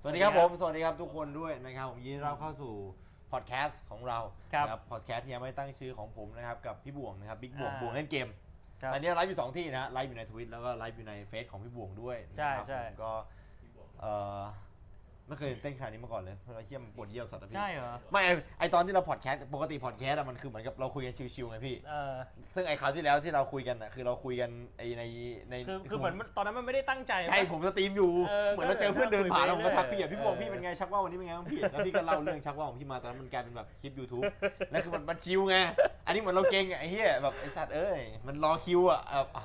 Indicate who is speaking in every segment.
Speaker 1: สวัสดีครับผม สวัสดีครับทุกคนด้วยนะครับ ผมยินดีต้อนรับเข้าสู่พอดแคสต์ของเรา
Speaker 2: ครับ
Speaker 1: นะพอดแคสต์ที่ยังไม่ตั้งชื่อของผมนะครับ กับพี่บวงนะครับบิ๊กบวง
Speaker 2: อ่า
Speaker 1: บวงเล่นเกม
Speaker 2: ครับ
Speaker 1: ตอนนี้ไลฟ์อยู่สองที่นะไลฟ์อยู่ในทวิตแล้วก็ไลฟ์อยู่ในเฟซของพี่บวงด้วย
Speaker 2: ใช่
Speaker 1: นะครับ
Speaker 2: ใช่
Speaker 1: ผมก็เออไม่เคยเต้นขนาดนี้มาก่อนเลยเราเชี่ยมันปวดเยี่ยวสัตว์นะพี่
Speaker 2: ใช่เหรอ
Speaker 1: ไม่ไอ้ไอตอนที่เราพอดแคสต์ปกติพอดแคสต์อะมันคือเหมือนกับเราคุยกันชิวๆไงพี่
Speaker 2: เออ
Speaker 1: ซึ่งไอคราวที่แล้วที่เราคุยกันอะคือเราคุยกันไอในใน
Speaker 2: คือคือเหมือนมันตอนนั้นมันไม่ได้ตั้งใจ
Speaker 1: ใช่ผมสตรีมอยู่
Speaker 2: เออ
Speaker 1: เหมือนเราเจอเพื่อนเดินผ่าน
Speaker 2: ก็
Speaker 1: เรา
Speaker 2: เลย
Speaker 1: ก็ทักพี่อ่ะ
Speaker 2: เออ
Speaker 1: พี่บอก
Speaker 2: เออ
Speaker 1: พี่เป็นไงชักว่าวันนี้เป็นไงบ้างพี่แล้วพี่ก็เล่าเรื่องชักว่าของพี่มาตอนนั้นมันกลายเป็นแบบคลิป YouTube แล้วคือมันมันชิวไงอันนี้เหมือนเราเก่งอะไอ้เหี้ยแบบไอ้สัตว์เอ้ยมันรอคิวอ่ะแบบอ๋อ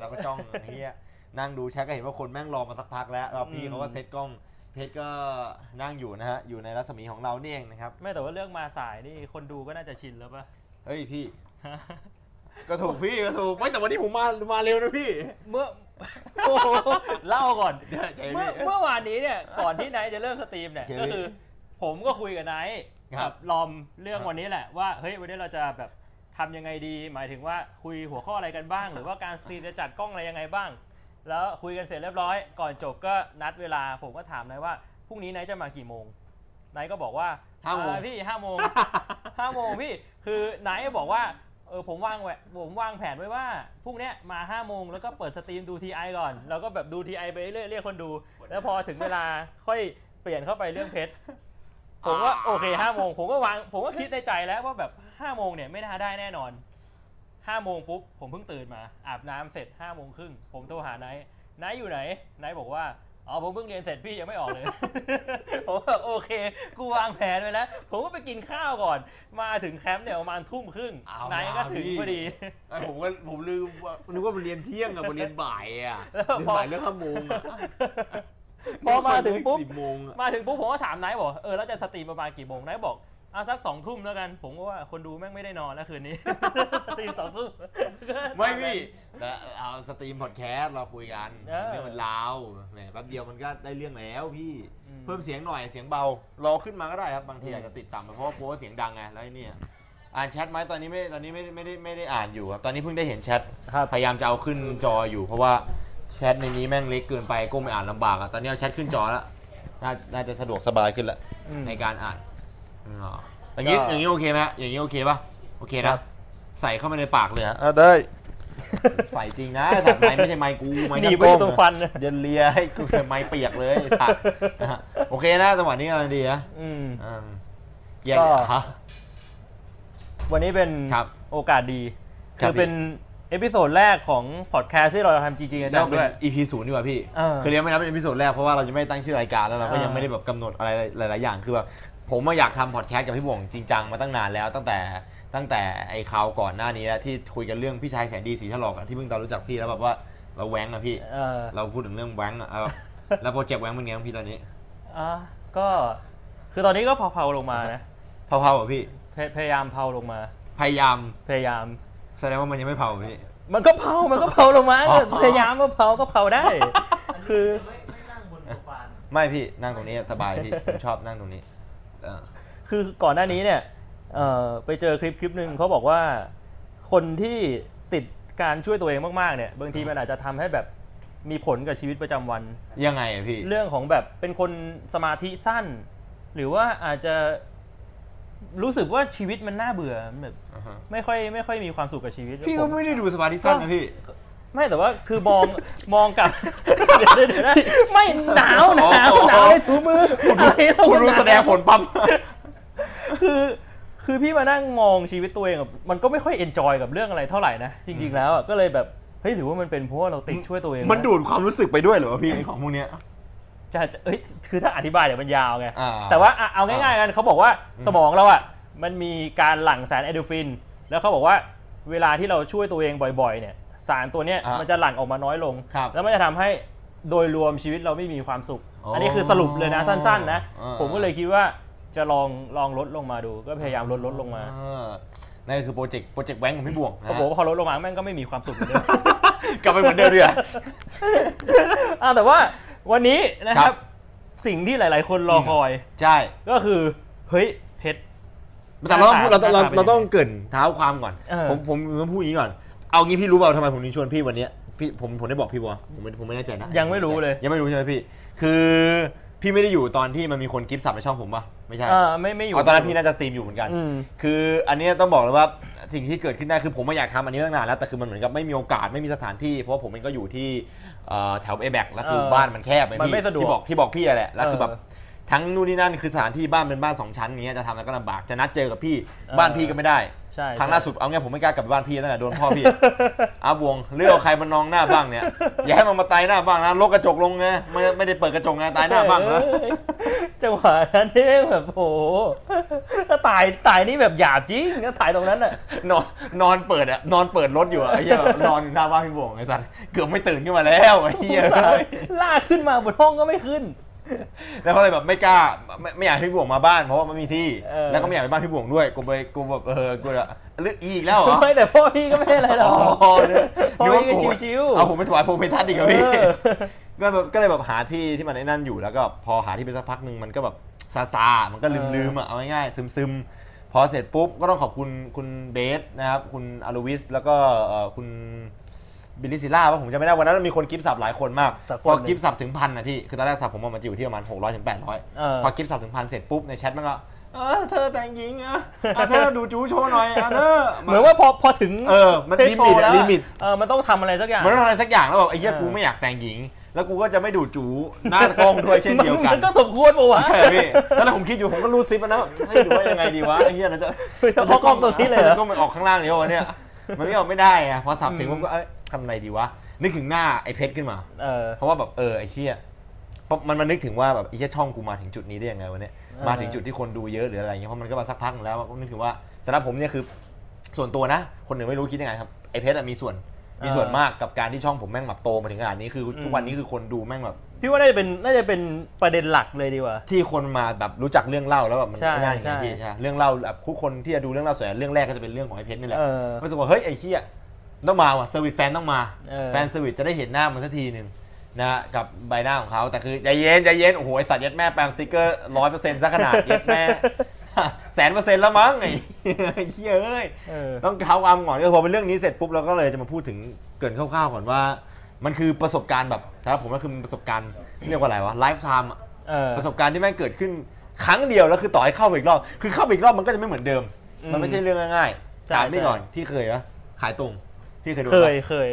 Speaker 1: เราก็จ้องไอ้เหี้ยนั่งดูชักก็เห็นว่าคนแม่งรอมาสักพักแล้วเราพี่เขาก็เซตกล้องเพชรก็นั่งอยู่นะฮะอยู่ในรัศมีของเราเนี่ยเองนะครับ
Speaker 2: ไม่แต่ว่าเรื่องมาสายนี่คนดูก็น่าจะชินแล้วป่ะ
Speaker 1: เฮ้ย พี่ ก็ถูกพี่ก็ถูกไม่แต่วันนี้ผมมามาเร็วนะพี่
Speaker 2: เมื่อ เล่าก่อน
Speaker 1: ใจเย็น
Speaker 2: เมื่อ
Speaker 1: พี่
Speaker 2: เมื่อวานนี้เนี่ย ก่อนที่ไนท์จะเริ่มสตรีมเนี่ย
Speaker 1: ใจเย็น
Speaker 2: ก็คือ ผมก็คุยกับไนท์
Speaker 1: ครั
Speaker 2: กับ บลอมเรื่องวันนี้แหละว่าเฮ้ยวันนี้เราจะแบบทำยังไงดี หมายถึงว่าคุยหัวข้ออะไรกันบ้าง หรือว่าการสตรีมจะจัดกล้องอะไรยังไงบ้าง แล้วคุยกันเสร็จเรียบร้อย ก่อนจบก็นัดเวลา ผมก็ถามไนท์ว่าพรุ่งนี้ไนท์จะมากี่โมงไนท์ก็บอกว่า
Speaker 1: ห้าโมง
Speaker 2: เออพี่ห้าโม ง ห้าโมงพี่คือไนท์บอกว่าเออผมวางไว้ผมวางแผนไว้ว่าพรุ่งเนี้ยมาห้าโมงแล้วก็เปิดสตรีมดูทีไอก่อน แล้วก็แบบดูทีไอไปเรื่อยๆเรียกคนดู แล้วพอถึงเวลาค่อยเปลี่ยนเข้าไปเรื่องเพชรผมว่าโอเคห้าโมงผมก็วางผมก็คิดในใจแล้วว่าแบบห้าโมงเนี่ยไม่น่าได้แน่นอนห้าโมงปุ๊บผมเพิ่งตื่นมาอาบน้ำเสร็จห้าโมงครึ่งผมโทรหาไนท์ไนท์อยู่ไหนไนท์บอกว่าอ๋อผมเพิ่งเรียนเสร็จพี่ยังไม่ออกเลย ผมแบบโอเค กูวางแผนไว้แล้ว ผมก็ไปกินข้าวก่อน มาถึงแคมป์เนี่ยประมาณทุ่มครึ่ง
Speaker 1: เอา
Speaker 2: ไนายก็ถึง
Speaker 1: มาพี่
Speaker 2: พอดี
Speaker 1: ไอผมก็ผมลืมว่านึกว่ามันเรียนเที่ยงอะมันเรียนบ่าย อะ
Speaker 2: แล้วพอ
Speaker 1: เรียนบ่ายเรื่องห้าโมงอะ
Speaker 2: พอมาถึงปุ๊บ
Speaker 1: สิบโมงอะ
Speaker 2: มาถึงปุ๊บผมก็ถามไนายบอกเออแล้วจะสตรีมประมาณกี่โมงไนายบอกอ่ะสักสองทุ่มแล้วกัน ผมก็ว่าคนดูแม่งไม่ได้นอนแล้วคืนนี้ สตรีมสองทุ่ม
Speaker 1: ไม่พี่แต่เอาสตรีมพอดแคสต์เราคุยกัน
Speaker 2: เออ
Speaker 1: เรื่องมันลาวแหมแป๊บเดียวมันก็ได้เรื่องแล้วพี่
Speaker 2: อืม
Speaker 1: เพิ่มเสียงหน่อยเสียงเบารอขึ้นมาก็ได้ครับบางทีอาจจะติดต่ำไปเพราะว่าโพสเสียงดังไงแล้วไอ้เนี่ยอ่านแชทไหมตอนนี้ไม่ตอนนี้ไม่ได้ไม่ได้ไม่ได้อ่านอยู่ครับตอนนี้เพิ่งได้เห็นแชทพยายามจะเอาขึ้นจออยู่ เพราะว่าแชทในนี้แม่งเล็กเกินไปก้มไปอ่านลำบากอะตอนนี้เอาแชทขึ้นจอแล้วน่าน่าจะสะดวกสบายขึ้นละ
Speaker 2: อืม
Speaker 1: ในการอ่านอ๋ออย่างนี้
Speaker 2: ก็
Speaker 1: อย่างนี้โอเคไหมฮะอย่างนี้โอเคป่ะ โอเค
Speaker 2: ครั
Speaker 1: นะ
Speaker 2: บ
Speaker 1: ใส่เข้าไปในปากเลยฮะ
Speaker 3: ได้
Speaker 1: ใส่จริงนะถัดไม้ไม่ใช่ไม้ กู ไม้
Speaker 2: หนีไป
Speaker 1: ก้
Speaker 2: ตรงฟัน
Speaker 1: เดินเลียให้กูเป็นไม้เปียกเลยไอ้สัตว์นะฮะโอเคนะจังหวะนี้กำลังดีนะ
Speaker 2: อืม
Speaker 1: อืมเยี่ยม
Speaker 2: ก็
Speaker 1: ฮะ
Speaker 2: วันนี้เป็น
Speaker 1: ครับ
Speaker 2: โอกาสดี
Speaker 1: ครั
Speaker 2: คื
Speaker 1: บ
Speaker 2: อเป็นเอพิโซดแรกของพอดแคสต์ที่เราทำจริงๆจั
Speaker 1: เจ้าง เป็
Speaker 2: ด้วย
Speaker 1: น EP ศูนย์ดีกว่าพี่
Speaker 2: เออ
Speaker 1: คือเรียกไม่นับเป็น EP ศูนย์แรกเพราะว่าเรายังไม่ได้ตั้งชื่อรายการแล้วเราก็
Speaker 2: เออ
Speaker 1: ยังไม่ได้แบบกำหนดอะไรหลาย ๆ อย่าง คือแบบผมมาอยากทำพอดแคสต์กับพี่บ่งจริงจังมาตั้งนานแล้ว ตั้งแต่ตั้งแต่ไอ้คราวก่อนหน้านี้แล้วที่คุยกันเรื่องพี่ชายแสนดีสีทะลอกอะที่เพิ่งตอนรู้จักพี่แล้วแบบว่าเราแว้งอะพี่
Speaker 2: เออ
Speaker 1: เราพูดถึงเรื่องแว้งอะเอาแล้วโปรเจกต์แว้งเป็นไงบ้างพี่ตอนนี้
Speaker 2: อ่ะก็คือตอนนี้ก็เผาๆลงมานะ
Speaker 1: เผาๆเหรอพี่
Speaker 2: พยพยายามเผาลงมา
Speaker 1: พยายาม
Speaker 2: พยายาม
Speaker 1: แสดงว่ามันยังไม่เผาพี่
Speaker 2: มันก็เผา มันก็เผาลงมา
Speaker 1: อ๋อ
Speaker 2: พยายามก็เผาก็เผาได้ คือ
Speaker 3: ไม่ไม่นั่งบนโซฟานะ
Speaker 1: ไม่พี่นั่งตรงนี้สบายพี่ผมชอบนั่งตรงนี้เออ
Speaker 2: คือก่อนหน้านี้เนี่ยเอ่อไปเจอคลิปคลิปหนึ่งเขาบอกว่าคนที่ติดการช่วยตัวเองมากๆเนี่ยบางทีมันอาจจะทำให้แบบมีผลกับชีวิตประจำวัน
Speaker 1: ยังไงอะพี่
Speaker 2: เรื่องของแบบเป็นคนสมาธิสั้น หรือว่าอาจจะรู้สึกว่าชีวิตมันน่าเบื่อมันแบบ
Speaker 1: อ่าฮะ
Speaker 2: ไม่ค่อยไม่ค่อยมีความสุขกับชีวิต
Speaker 1: พี่ก็ไม่ได้ดูสมาธิสั้นนะพี่
Speaker 2: ไม่แต่ว่าคือมอง มอง กลับ เดี๋ยวเดี๋ยวนะไม่หนาวหนาวหนาวเลยถูมืออะไรเรา
Speaker 1: คุณรู้แสดงผลปั๊บ
Speaker 2: คือ คือพี่มานั่งมองชีวิตตัวเองอะมันก็ไม่ค่อยเอนจอยกับเรื่องอะไรเท่าไหร่นะจริง ๆ แล้วอะก็เลยแบบเฮ้ยหรือว่ามันเป็นเพราะว่าเราติดช่วยตัวเอง
Speaker 1: มัน
Speaker 2: วะ
Speaker 1: ดูดความรู้สึกไปด้วยเหรอวะพี่ไอ้ของพวกเนี้ย
Speaker 2: จะจะเอ้ยคือถ้าอธิบายเดี๋ยวมันยาวไง
Speaker 1: อ่า
Speaker 2: แต่ว่าอะเอาง่ายๆกันเขาบอกว่าสมองเราอ่ะมันมีการหลั่งสารเอโดรฟิน แล้วเขาบอกว่าเวลาที่เราช่วยตัวเองบ่อย ๆ เนี่ย สารตัวเนี้ย
Speaker 1: อ่ามั
Speaker 2: มันจะหลั่งออกมาน้อยลง
Speaker 1: ครับ
Speaker 2: แล้วมันจะทำให้โดยรวมชีวิตเราไม่มีความสุข
Speaker 1: อ๋ออั
Speaker 2: อันนี้คือสรุปเลยนะสั้น ๆ นะ
Speaker 1: อ่า
Speaker 2: ผมก็เลยคิดว่าจะลองลองลดลงมาดู ก็พยายามลดลดลงมา
Speaker 1: เออนั่นก็คือโปรเจกต์โปรเจกต์แว้งของพี่บวงนะ
Speaker 2: ก็
Speaker 1: ฮะ
Speaker 2: บอกว่าพอลดลงมาแม่งก็ไม่มีความสุขเหมือนเดิ ม
Speaker 1: กลับไปเหมือนเดิมเลย อะ
Speaker 2: อ่าแต่ว่าวันนี้นะค
Speaker 1: ครั
Speaker 2: รับ
Speaker 1: บ
Speaker 2: สิ่งที่หลาย ๆ คนรอคอย
Speaker 1: ใช่
Speaker 2: ก็คือเฮ้ยเพชร
Speaker 1: แต่เราต้อง
Speaker 2: หน้าตา
Speaker 1: เราต้องเรา
Speaker 2: หน้าตาเป็น
Speaker 1: เราต้องเกรินเท้าความก่อน
Speaker 2: เออ
Speaker 1: ผมผมผมต้องพูดอย่างนี้ก่อน เอางี้พี่รู้เปล่าทำไมผมถึงชวนพี่วันเนี้ยพี่ผมผมได้บอกพี่บัวผมไม่ผมไม่แน่ใจนะ
Speaker 2: ยังไม่รู้เลย
Speaker 1: ยังไม่รู้ใช่ไหมพี่ คือ พี่ไม่ได้อยู่ตอนที่มันมีคนกิฟต์สับในช่องผมปะไม่ใช่
Speaker 2: เออไม่ไม่อยู่
Speaker 1: เอาตอนนั้นพี่น่าจะสตรีมอยู่เหมือนกัน
Speaker 2: อืม
Speaker 1: คืออันเนี้ยต้องบอกเลยว่าสิ่งที่เกิดขึ้นได้คือผมไม่อยากทำอันนี้ตั้งนานแล้วแต่คือมันเหมือนกับไม่มีโอกาสไม่มีสถานที่ เพราะว่าผมเองก็อยู่ที่เอ่อแถวเอแบกแล้วคือ
Speaker 2: เออ
Speaker 1: บ้านมันแคบไง
Speaker 2: มัน
Speaker 1: พี่
Speaker 2: ไม่สะดวก
Speaker 1: ที่บอกที่บอกพี่อะแหละแล้วคือ
Speaker 2: เออ
Speaker 1: แบบทั้งนู่นนี่นั่นคือสถานที่บ้านเป็นบ้านสองชั้นอย่างเงี้ยจะทำอะไรก็ลำบากจะนัดเจอกับพี่
Speaker 2: เออ
Speaker 1: บ้านพี่ก็ไม่ได้
Speaker 2: ใช่
Speaker 1: ครั้งล่าสุดเอาไงผมไม่กล้ากลับไปบ้านพี่ตั้งแต่โดนพ่อ พี่ อาวงเลือกเอาใครมานองหน้าบ้างเนี่ยอย่าให้มันมาตายหน้าบ้างนะลกกระจกลงนะไม่ไม่ได้เปิดกระจกนะตายหน้าบ้างนะ
Speaker 2: เอ้ยจังหวะนั้นนี่แม่งแบบโอ้โหถ้าตายตายนี่แบบหยาบจริงถ้าตายตรงนั้นอ่ะ
Speaker 1: นอนนอนเปิดอะนอนเปิดรถอยู่อะไอ้เหี้ยแบบนอนอยู่หน้าบ้านพี่บงไอ้สัสเกือบไม่ตื่นขึ้นมาแล้วไอ้เหี้ย
Speaker 2: ลากขึ้นมาบนห้องก็ไม่ขึ้น
Speaker 1: แล้วก็เลยแบบไม่กล้าไม่ไม่อยากให้พี่บวงมาบ้านเพราะว่าไม่มีที่
Speaker 2: เออ
Speaker 1: แล้วก็ไม่อยากไปบ้านพี่บวงด้วยกูไปกูแบบเออกูแบบเลือกอีกแล้วเหรอ
Speaker 2: ไม่แต่พ่อพี่ก็ไม่ได้อะไรหรอก
Speaker 1: อ๋อเนี่ย
Speaker 2: พ่อ
Speaker 1: นึ
Speaker 2: พี่
Speaker 1: ว่า
Speaker 2: ก็
Speaker 1: กู
Speaker 2: ชิวๆ
Speaker 1: เอาผมไปถวายพงไปทัดอีกเหรอพี่
Speaker 2: เออ
Speaker 1: ก็แบบก็เลยแบบหาที่ที่มันไอ้นั่นอยู่แล้วก็พอหาที่ไปสักพักหนึ่งมันก็แบบซาซาๆมันก็ลืมลืมๆอะเอาง่ายๆซึมซึมๆพอเสร็จปุ๊บก็ต้องขอบคุณคุณเบสนะครับคุณอลูวิสแล้วก็เอ่อคุณ บิลลิซิล่าว่าผมจะไม่ได้วันนั้นมันมีคนกิฟต์สับหลายคนมาก
Speaker 2: สักคน
Speaker 1: พอ
Speaker 2: หนึ่ง
Speaker 1: กิฟต์สับถึงพันนะพี่ คือตอนแรกสับผมว่ามันจะอยู่ที่ประมาณ 6 0 0ร้อถึงแปดร้อย
Speaker 2: เออ
Speaker 1: พอกิฟต์สับถึงพันเสร็จปุ๊บ ในแชทมันก็เออเธอแต่งหญิงอ่ะอ่ะเธอดูจูโชว์หน่อยอ่ะเธอ
Speaker 2: เหมือนว่าพอพอถึง
Speaker 1: เออ มัน
Speaker 2: เท
Speaker 1: ลิ
Speaker 2: โช
Speaker 1: มิต
Speaker 2: แล้ว
Speaker 1: อะ
Speaker 2: อะ
Speaker 1: ลิมิต
Speaker 2: เออมันต้องทำอะไรสักอย่าง
Speaker 1: มันต้องทำอะไรสักอย่างแล้วแบบไอ้เหี้ย
Speaker 2: เออ
Speaker 1: กูไม่อยากแต่งหญิง แล้วกูก็จะไม่ดูจูหน้ากล้องด้วยเช่นเดียวกัน
Speaker 2: มันก็สมควรปะวะ
Speaker 1: ใช่พี่แล้วผมคิดอยู่ผมก็รู้ซิปแล้วนะให้ดูว่ายังไงดีวะไอ้เหี้ยนะจะ
Speaker 2: แล้วพอกล้องตรงนี้เลยเหรอ
Speaker 1: กล้องมันออกข้างล่างเดียววะเนี่ย มันไม่ออกไม่ได้ไงพอสับถึง
Speaker 2: อืม
Speaker 1: ผมก็เอ้ยทำไงดีวะ นึกถึงหน้าไอ้เพชรขึ้นมา
Speaker 2: เออ
Speaker 1: เพราะว่าแบบเออไอ้เชี่ยเพราะมันมันนึกถึงว่าแบบไอ้เชี่ยช่องกูมาถึงจุดนี้ได้ยังไงวะเนี่ย
Speaker 2: ออ
Speaker 1: มาถึงจุดที่คนดูเยอะหรืออะไรเงี้ย เพราะมันก็มาสักพักหนึ่งแล้วก็นึกถึงว่าสำหรับผมเนี่ยคือส่วนตัวนะ คนหนึ่งไม่รู้คิดยังไงครับ ไอ้เพชรอะมีส่วน มีส่วนมากกับการที่ช่องผมแม่งแบบโตมาถึงขนาดนี้ คือทุกวันนี้คือคนดูแม่งแบบ
Speaker 2: พี่ว่าน่าจะเป็นน่าจะเป็นประเด็นหลักเลยดีกว่า
Speaker 1: ที่คนมาแบบรู้จักเรื่องเล่าแล้วแบบมัน
Speaker 2: ใช่
Speaker 1: ง่ายจริงๆ
Speaker 2: ใช่
Speaker 1: พี่ใช่เรื่องเล่าแบบทุกคนที่จะดูเรื่องเล่าส่วนใหญ่เรื่องแรกก็จะเป็นเรื่องของไอ้เพชรนี่แหละ
Speaker 2: เออ
Speaker 1: รู้สึกว่าเฮ้ยไอ้เคียต้องมาว่ะเซอร์วิสแฟนต้องมา
Speaker 2: เออ
Speaker 1: แฟนเซอร์วิสจะได้เห็นหน้ามันสักทีหนึ่งนะฮะกับใบหน้าของเขาแต่คือใจเย็นใจเย็นโอ้โหไอสัตว์เย็ดแม่แปลงสติกเกอร์ร้อยเปอร์เซ็นต์ซะขนาด เย็ดแม่ แสนเปอร์เซ็นต์แล้วมั้งไอ้เหี้ยเอ้ย
Speaker 2: เออ
Speaker 1: ต้องเท้าความก่อนก็พอเป็นเรื่องนี้เสร็จปุ๊บเราก็เลยจะมาพูดถึงเกรินคร่าวๆก่อนว่า มันคือประสบการณ์แบบสำหรับผมก็คือมันประสบการณ์เรียกว่าอะไรวะไลฟ์ไทม์
Speaker 2: เออ
Speaker 1: ประสบการณ์ที่แม่งเกิดขึ้นครั้งเดียวแล้วคือต่อให้เข้าไปอีกรอบคือเข้าไปอีกรอบมันก็จะไม่เหมือนเดิม มันไม่ใช่เรื่องง่ายๆ
Speaker 2: ใช่
Speaker 1: ถามพี่
Speaker 2: ใช่
Speaker 1: ก่อนพี่เคยปะขายตรงพี่เคยโดน
Speaker 2: เค
Speaker 1: ปะ
Speaker 2: ยเคย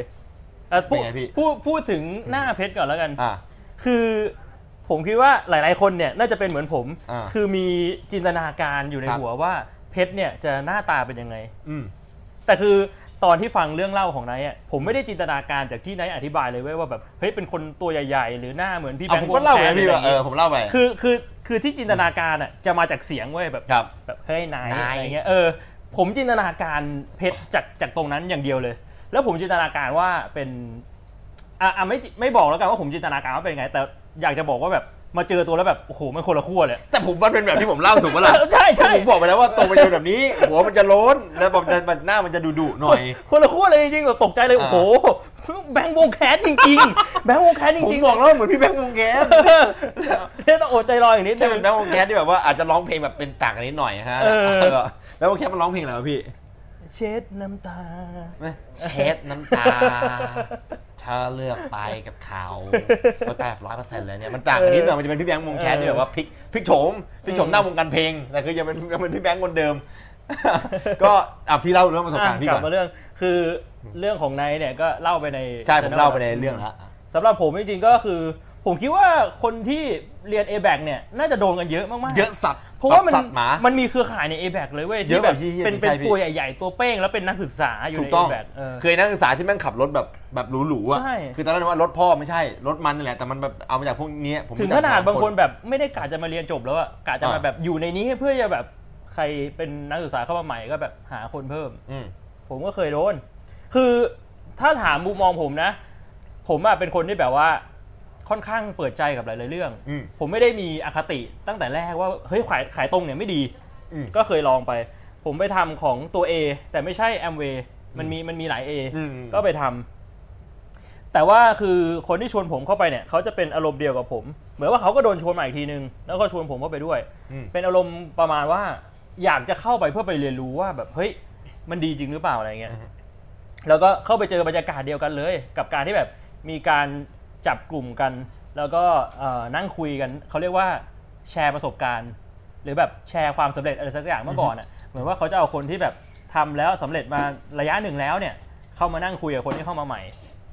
Speaker 2: เอ่อพูด
Speaker 1: เป็นไงพี่
Speaker 2: พูดพูดถึงหน้าเพชรก่อนแล้วกัน
Speaker 1: อ่า
Speaker 2: คือผมคิดว่าหลาย ๆ คนเนี่ยน่าจะเป็นเหมือนผม
Speaker 1: อ่า
Speaker 2: คือมีจินตนาการอยู่ใน
Speaker 1: ครับ
Speaker 2: หัวว่าเพชรเนี่ยจะหน้าตาเป็นยังไง
Speaker 1: อืม
Speaker 2: แต่คือตอนที่ฟังเรื่องเล่าของไนท์อะผมไม่ได้จินตนาการจากที่ไนท์อธิบายเลยเว้ยว่าแบบเฮ้ยเป็นคนตัวใหญ่ ๆ หรือหน้าเหมือนพี่
Speaker 1: เอา
Speaker 2: แบง
Speaker 1: ผม
Speaker 2: ค์
Speaker 1: ก็เล่าไป
Speaker 2: วงแค
Speaker 1: นะ
Speaker 2: ร์
Speaker 1: พี่
Speaker 2: หรื
Speaker 1: ว่า
Speaker 2: อ
Speaker 1: เอ
Speaker 2: อะ
Speaker 1: อ
Speaker 2: ไรเงี้ย
Speaker 1: ผมเล่าไป
Speaker 2: คือคือคือที่จินตนาการอะจะมาจากเสียงเว้ยแบบ
Speaker 1: ครับ
Speaker 2: แบบเฮ้ยไนท์
Speaker 1: ไนท์
Speaker 2: อะไรเงี้ยเออผมจินตนาการเพชรจากจากตรงนั้นอย่างเดียวเลย แล้วผมจินตนาการว่าเป็นอ่ะอ่ะไม่จิไม่บอกแล้วกันว่าผมจินตนาการว่าเป็นยังไง แต่อยากจะบอกว่าแบบมาเจอตัวแล้วแบบโอ้โหมันคนละขั้วเลย
Speaker 1: แต่ผมมันเป็นแบบที่ผมเล่าถูกปะล่ะ
Speaker 2: เออใช่ใช่
Speaker 1: ผมบอกไปแล้วว่าตรงมันจะเป็นแบบนี้ หัวมันจะโล้นแล้วแบบมันหน้ามันจะดุดุๆหน่อย
Speaker 2: คนละขั้วเลยจริงๆแบบตกใจเลยโอ้โหแบงค์วงแคสจริง ๆ แบงค์วงแคสจ
Speaker 1: ผม
Speaker 2: ริงๆ
Speaker 1: บอกแล้วว่าเหมือนพี่แบงค์วงแกน
Speaker 2: เออเนี่ยต้องอดใจรออย่างนี้
Speaker 1: ใช่
Speaker 2: นึ
Speaker 1: เป็
Speaker 2: ง
Speaker 1: นแบงค์วงแกนที่แบบว่าอาจจะร้องเพลงแบบเป็นต่างกันนิดหน่อยฮะ
Speaker 2: เออ
Speaker 1: แล้วก็แบงค์วงแกนมันร้องเพลงอะไรวะพี่
Speaker 2: เช็ดน้ำตา
Speaker 1: ไม่เช็ด น้ำตาถ้าเลือกไปกับเขาไปแบบร้อยเปอร์เซ็นต์เลยเนี่ยมันต่างกันนิดหน่อยมันจะเป็นพี่แบงค์วงแกนที่แบบว่าพลิกพลิกโฉมพลิกโฉมหน้าวงการเพลงแต่คือยังเป็นยังเป็นพี่แบงค์คนเดิม ก็อ่ะพี่เล่าเรื่องประสบการณ์พี่
Speaker 2: กลั
Speaker 1: ก่อน
Speaker 2: มาเรื่อง คือเรื่องของไนายเนี่ยก็เล่าไปใน
Speaker 1: ใช่ผมเล่าไปในเรื่องละ
Speaker 2: สำหรับผมจริงๆก็คือ ผมคิดว่าคนที่เรียน a b a c เนี่ย น่าจะโดนกันเยอะมากๆ
Speaker 1: เยอะสัตว์
Speaker 2: เพราะว่ามัน
Speaker 1: สัตว์หมา
Speaker 2: มันมีเครือข่ายใน a b a c เลยเว้ย
Speaker 1: เย
Speaker 2: ที่
Speaker 1: อะ
Speaker 2: แบบ
Speaker 1: เยอะ
Speaker 2: เป็น
Speaker 1: จริงๆ
Speaker 2: เป็น
Speaker 1: ใช่พี่
Speaker 2: ตัวใหญ่ๆ ตัวเป้งแล้วเป็นนักศึกษาอยู่
Speaker 1: ถู
Speaker 2: ใน
Speaker 1: กต้อง
Speaker 2: a b a c เออ
Speaker 1: เคยนักศึกษาที่แม่งขับรถแบบแบบหรูๆอ่ะ
Speaker 2: ใช่
Speaker 1: คือตอนนั้นว่ารถพ่อไม่ใช่ รถมันนี่แหละ แต่มันแบบเอามาจากพวกเนี้ยผม
Speaker 2: ถึง
Speaker 1: รู้จัก
Speaker 2: ขนา
Speaker 1: ห
Speaker 2: ด
Speaker 1: ลย
Speaker 2: บางคนแบบไม่ได้กะจะมาเรียนจบแล้วอะกะจะมา
Speaker 1: อ่า
Speaker 2: แบบอยู่ในนี้เพื่อจะแบบใครเป็นนักศึกษาเข้ามาใหม่ก็แบบหาคนเพิ่ม
Speaker 1: อืม
Speaker 2: ผมก็เคยโดน คือถ้าถามมุมมองผมนะ ผมอะเป็นคนที่แบบว่าค่อนข้างเปิดใจกับหลายๆเรื่อง
Speaker 1: อืม
Speaker 2: ผมไม่ได้มีอคติตั้งแต่แรกว่าเฮ้ยขายขายตรงเนี่ยไม่ดี
Speaker 1: อืม
Speaker 2: ก็เคยลองไป ผมไปทำของตัว A แต่ไม่ใช่แอมเวย์มันมีมันมีหลาย A
Speaker 1: อืม
Speaker 2: ก็ไปทำแต่ว่าคือคนที่ชวนผมเข้าไปเนี่ยเขาจะเป็นอารมณ์เดียวกับผม เหมือนว่าเขาก็โดนชวนมาอีกทีนึง แล้วก็ชวนผมเข้าไปด้วย
Speaker 1: อืม
Speaker 2: เป็นอารมณ์ประมาณว่าอยากจะเข้าไปเพื่อไปเรียนรู้ว่าแบบเฮ้ยมันดีจริงหรือเปล่าอะไรเงี้ย แล้วก็เข้าไปเจอบรรยากาศเดียวกันเลย กับการที่แบบมีการจับกลุ่มกัน แล้วก็เอ่อนั่งคุยกันเขาเรียกว่าแชร์ประสบการณ์ หรือแบบแชร์ความสำเร็จอะไรสักอย่างเมื่อก่อนอ่ะเหมือนว่าเขาจะเอาคนที่แบบทำแล้วสำเร็จมาระยะหนึ่งแล้วเนี่ยเข้ามานั่งคุยกับคนที่เข้ามาใหม่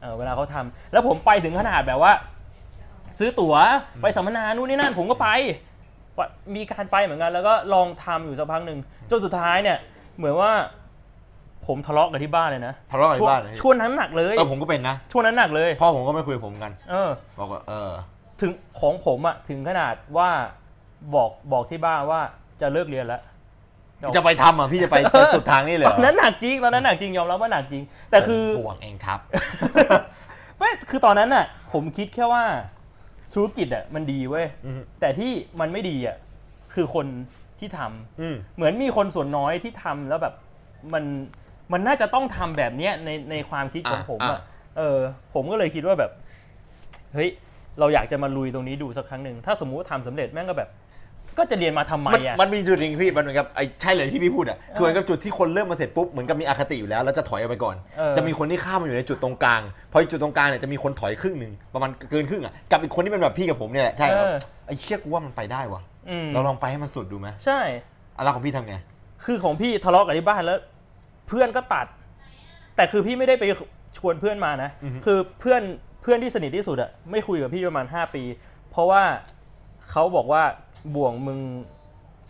Speaker 2: เออเวลาเขาทำแล้วผมไปถึงขนาดแบบว่า ซื้อตั๋วไปสัมมนานู่นนี่นั่นผมก็ไป มีการไปเหมือนกัน แล้วก็ลองทำอยู่สักพักหนึ่งจนสุดท้ายเนี่ย เหมือนว่า ผมทะเลาะกับที่บ้านเลยนะ
Speaker 1: ทะเลาะกัน
Speaker 2: ช่วง
Speaker 1: บ้านเหรอพี่
Speaker 2: ช่วงนั้นหนักเลย
Speaker 1: เออผมก็เป็นนะ
Speaker 2: ช่วงนั้นหนักเลย
Speaker 1: พ่อผมก็ไม่คุยกับผมกัน
Speaker 2: เออ
Speaker 1: บอกว่าเออ
Speaker 2: ถึงของผมอะถึงขนาดว่าบอกบอกที่บ้านว่าจะเลิกเรียนแล้ว
Speaker 1: จะไปทำอ่ะพี่ จะไปสุดทางนี่เลย
Speaker 2: ตอนนั้นหนักจริงตอนนั้นหนักจริงยอมรับว่าหนักจริง แต่คือ
Speaker 1: ห่วงเองครับ
Speaker 2: ไม่คือตอนนั้นอะผมคิดแค่ว่าธุรกิจอะมันดีเว้ย
Speaker 1: อืม
Speaker 2: แต่ที่มันไม่ดีอะคือคนที่ทำ
Speaker 1: อืม
Speaker 2: เหมือนมีคนส่วนน้อยที่ทำแล้วแบบมันมันน่าจะต้องทำแบบเนี้ยในในความคิดของ
Speaker 1: อ่ะ
Speaker 2: ผม
Speaker 1: อ่ะ
Speaker 2: อ่ะเออ ผมก็เลยคิดว่าแบบเฮ้ยเราอยากจะมาลุยตรงนี้ดูสักครั้งหนึ่งถ้าสมมุติว่าทำสำเร็จแม่งก็แบบ ก็จะเรียนมาทำไม
Speaker 1: มัน
Speaker 2: อ่ะ
Speaker 1: มันมีจุดหนึ่งพี่มันเหมือนกับไอ้ใช่เลยที่พี่พูดอ่ะ
Speaker 2: เออ
Speaker 1: คือเหมือนกับจุดที่คนเริ่มมาเสร็จปุ๊บเหมือนกับมีอคติอยู่แล้วแล้วจะถอยออกไปก่อน
Speaker 2: เออ
Speaker 1: จะมีคนที่ข้ามมาอยู่ในจุดตรงกลางพอจุดตรงกลางเนี่ยจะมีคนถอยครึ่งหนึ่งประมาณเกินครึ่งอ่ะกับอีกคนที่เป็นแบบพี่กับผมเนี่ยแหละใช่ค
Speaker 2: เอ
Speaker 1: รับ
Speaker 2: อ
Speaker 1: ไอ้เชี่ยกูว่ามันไปได้วะ
Speaker 2: อืม
Speaker 1: เราลองไปให้มันสุดดูไหม
Speaker 2: ใช่
Speaker 1: อะไรของพี่ทำไง
Speaker 2: คือของพี่ทะเลาะกับที่บ้านแล้ว เพื่อนก็ตัด แต่คือพี่ไม่ได้ไปชวนเพื่อนมานะ
Speaker 1: อือฮึ
Speaker 2: คือเพื่อนเพื่อนที่สนิทที่สุดอะไม่คุยกับพี่ประมาณ 5 ปี เพราะว่าเขาบอกว่าบ่วงมึง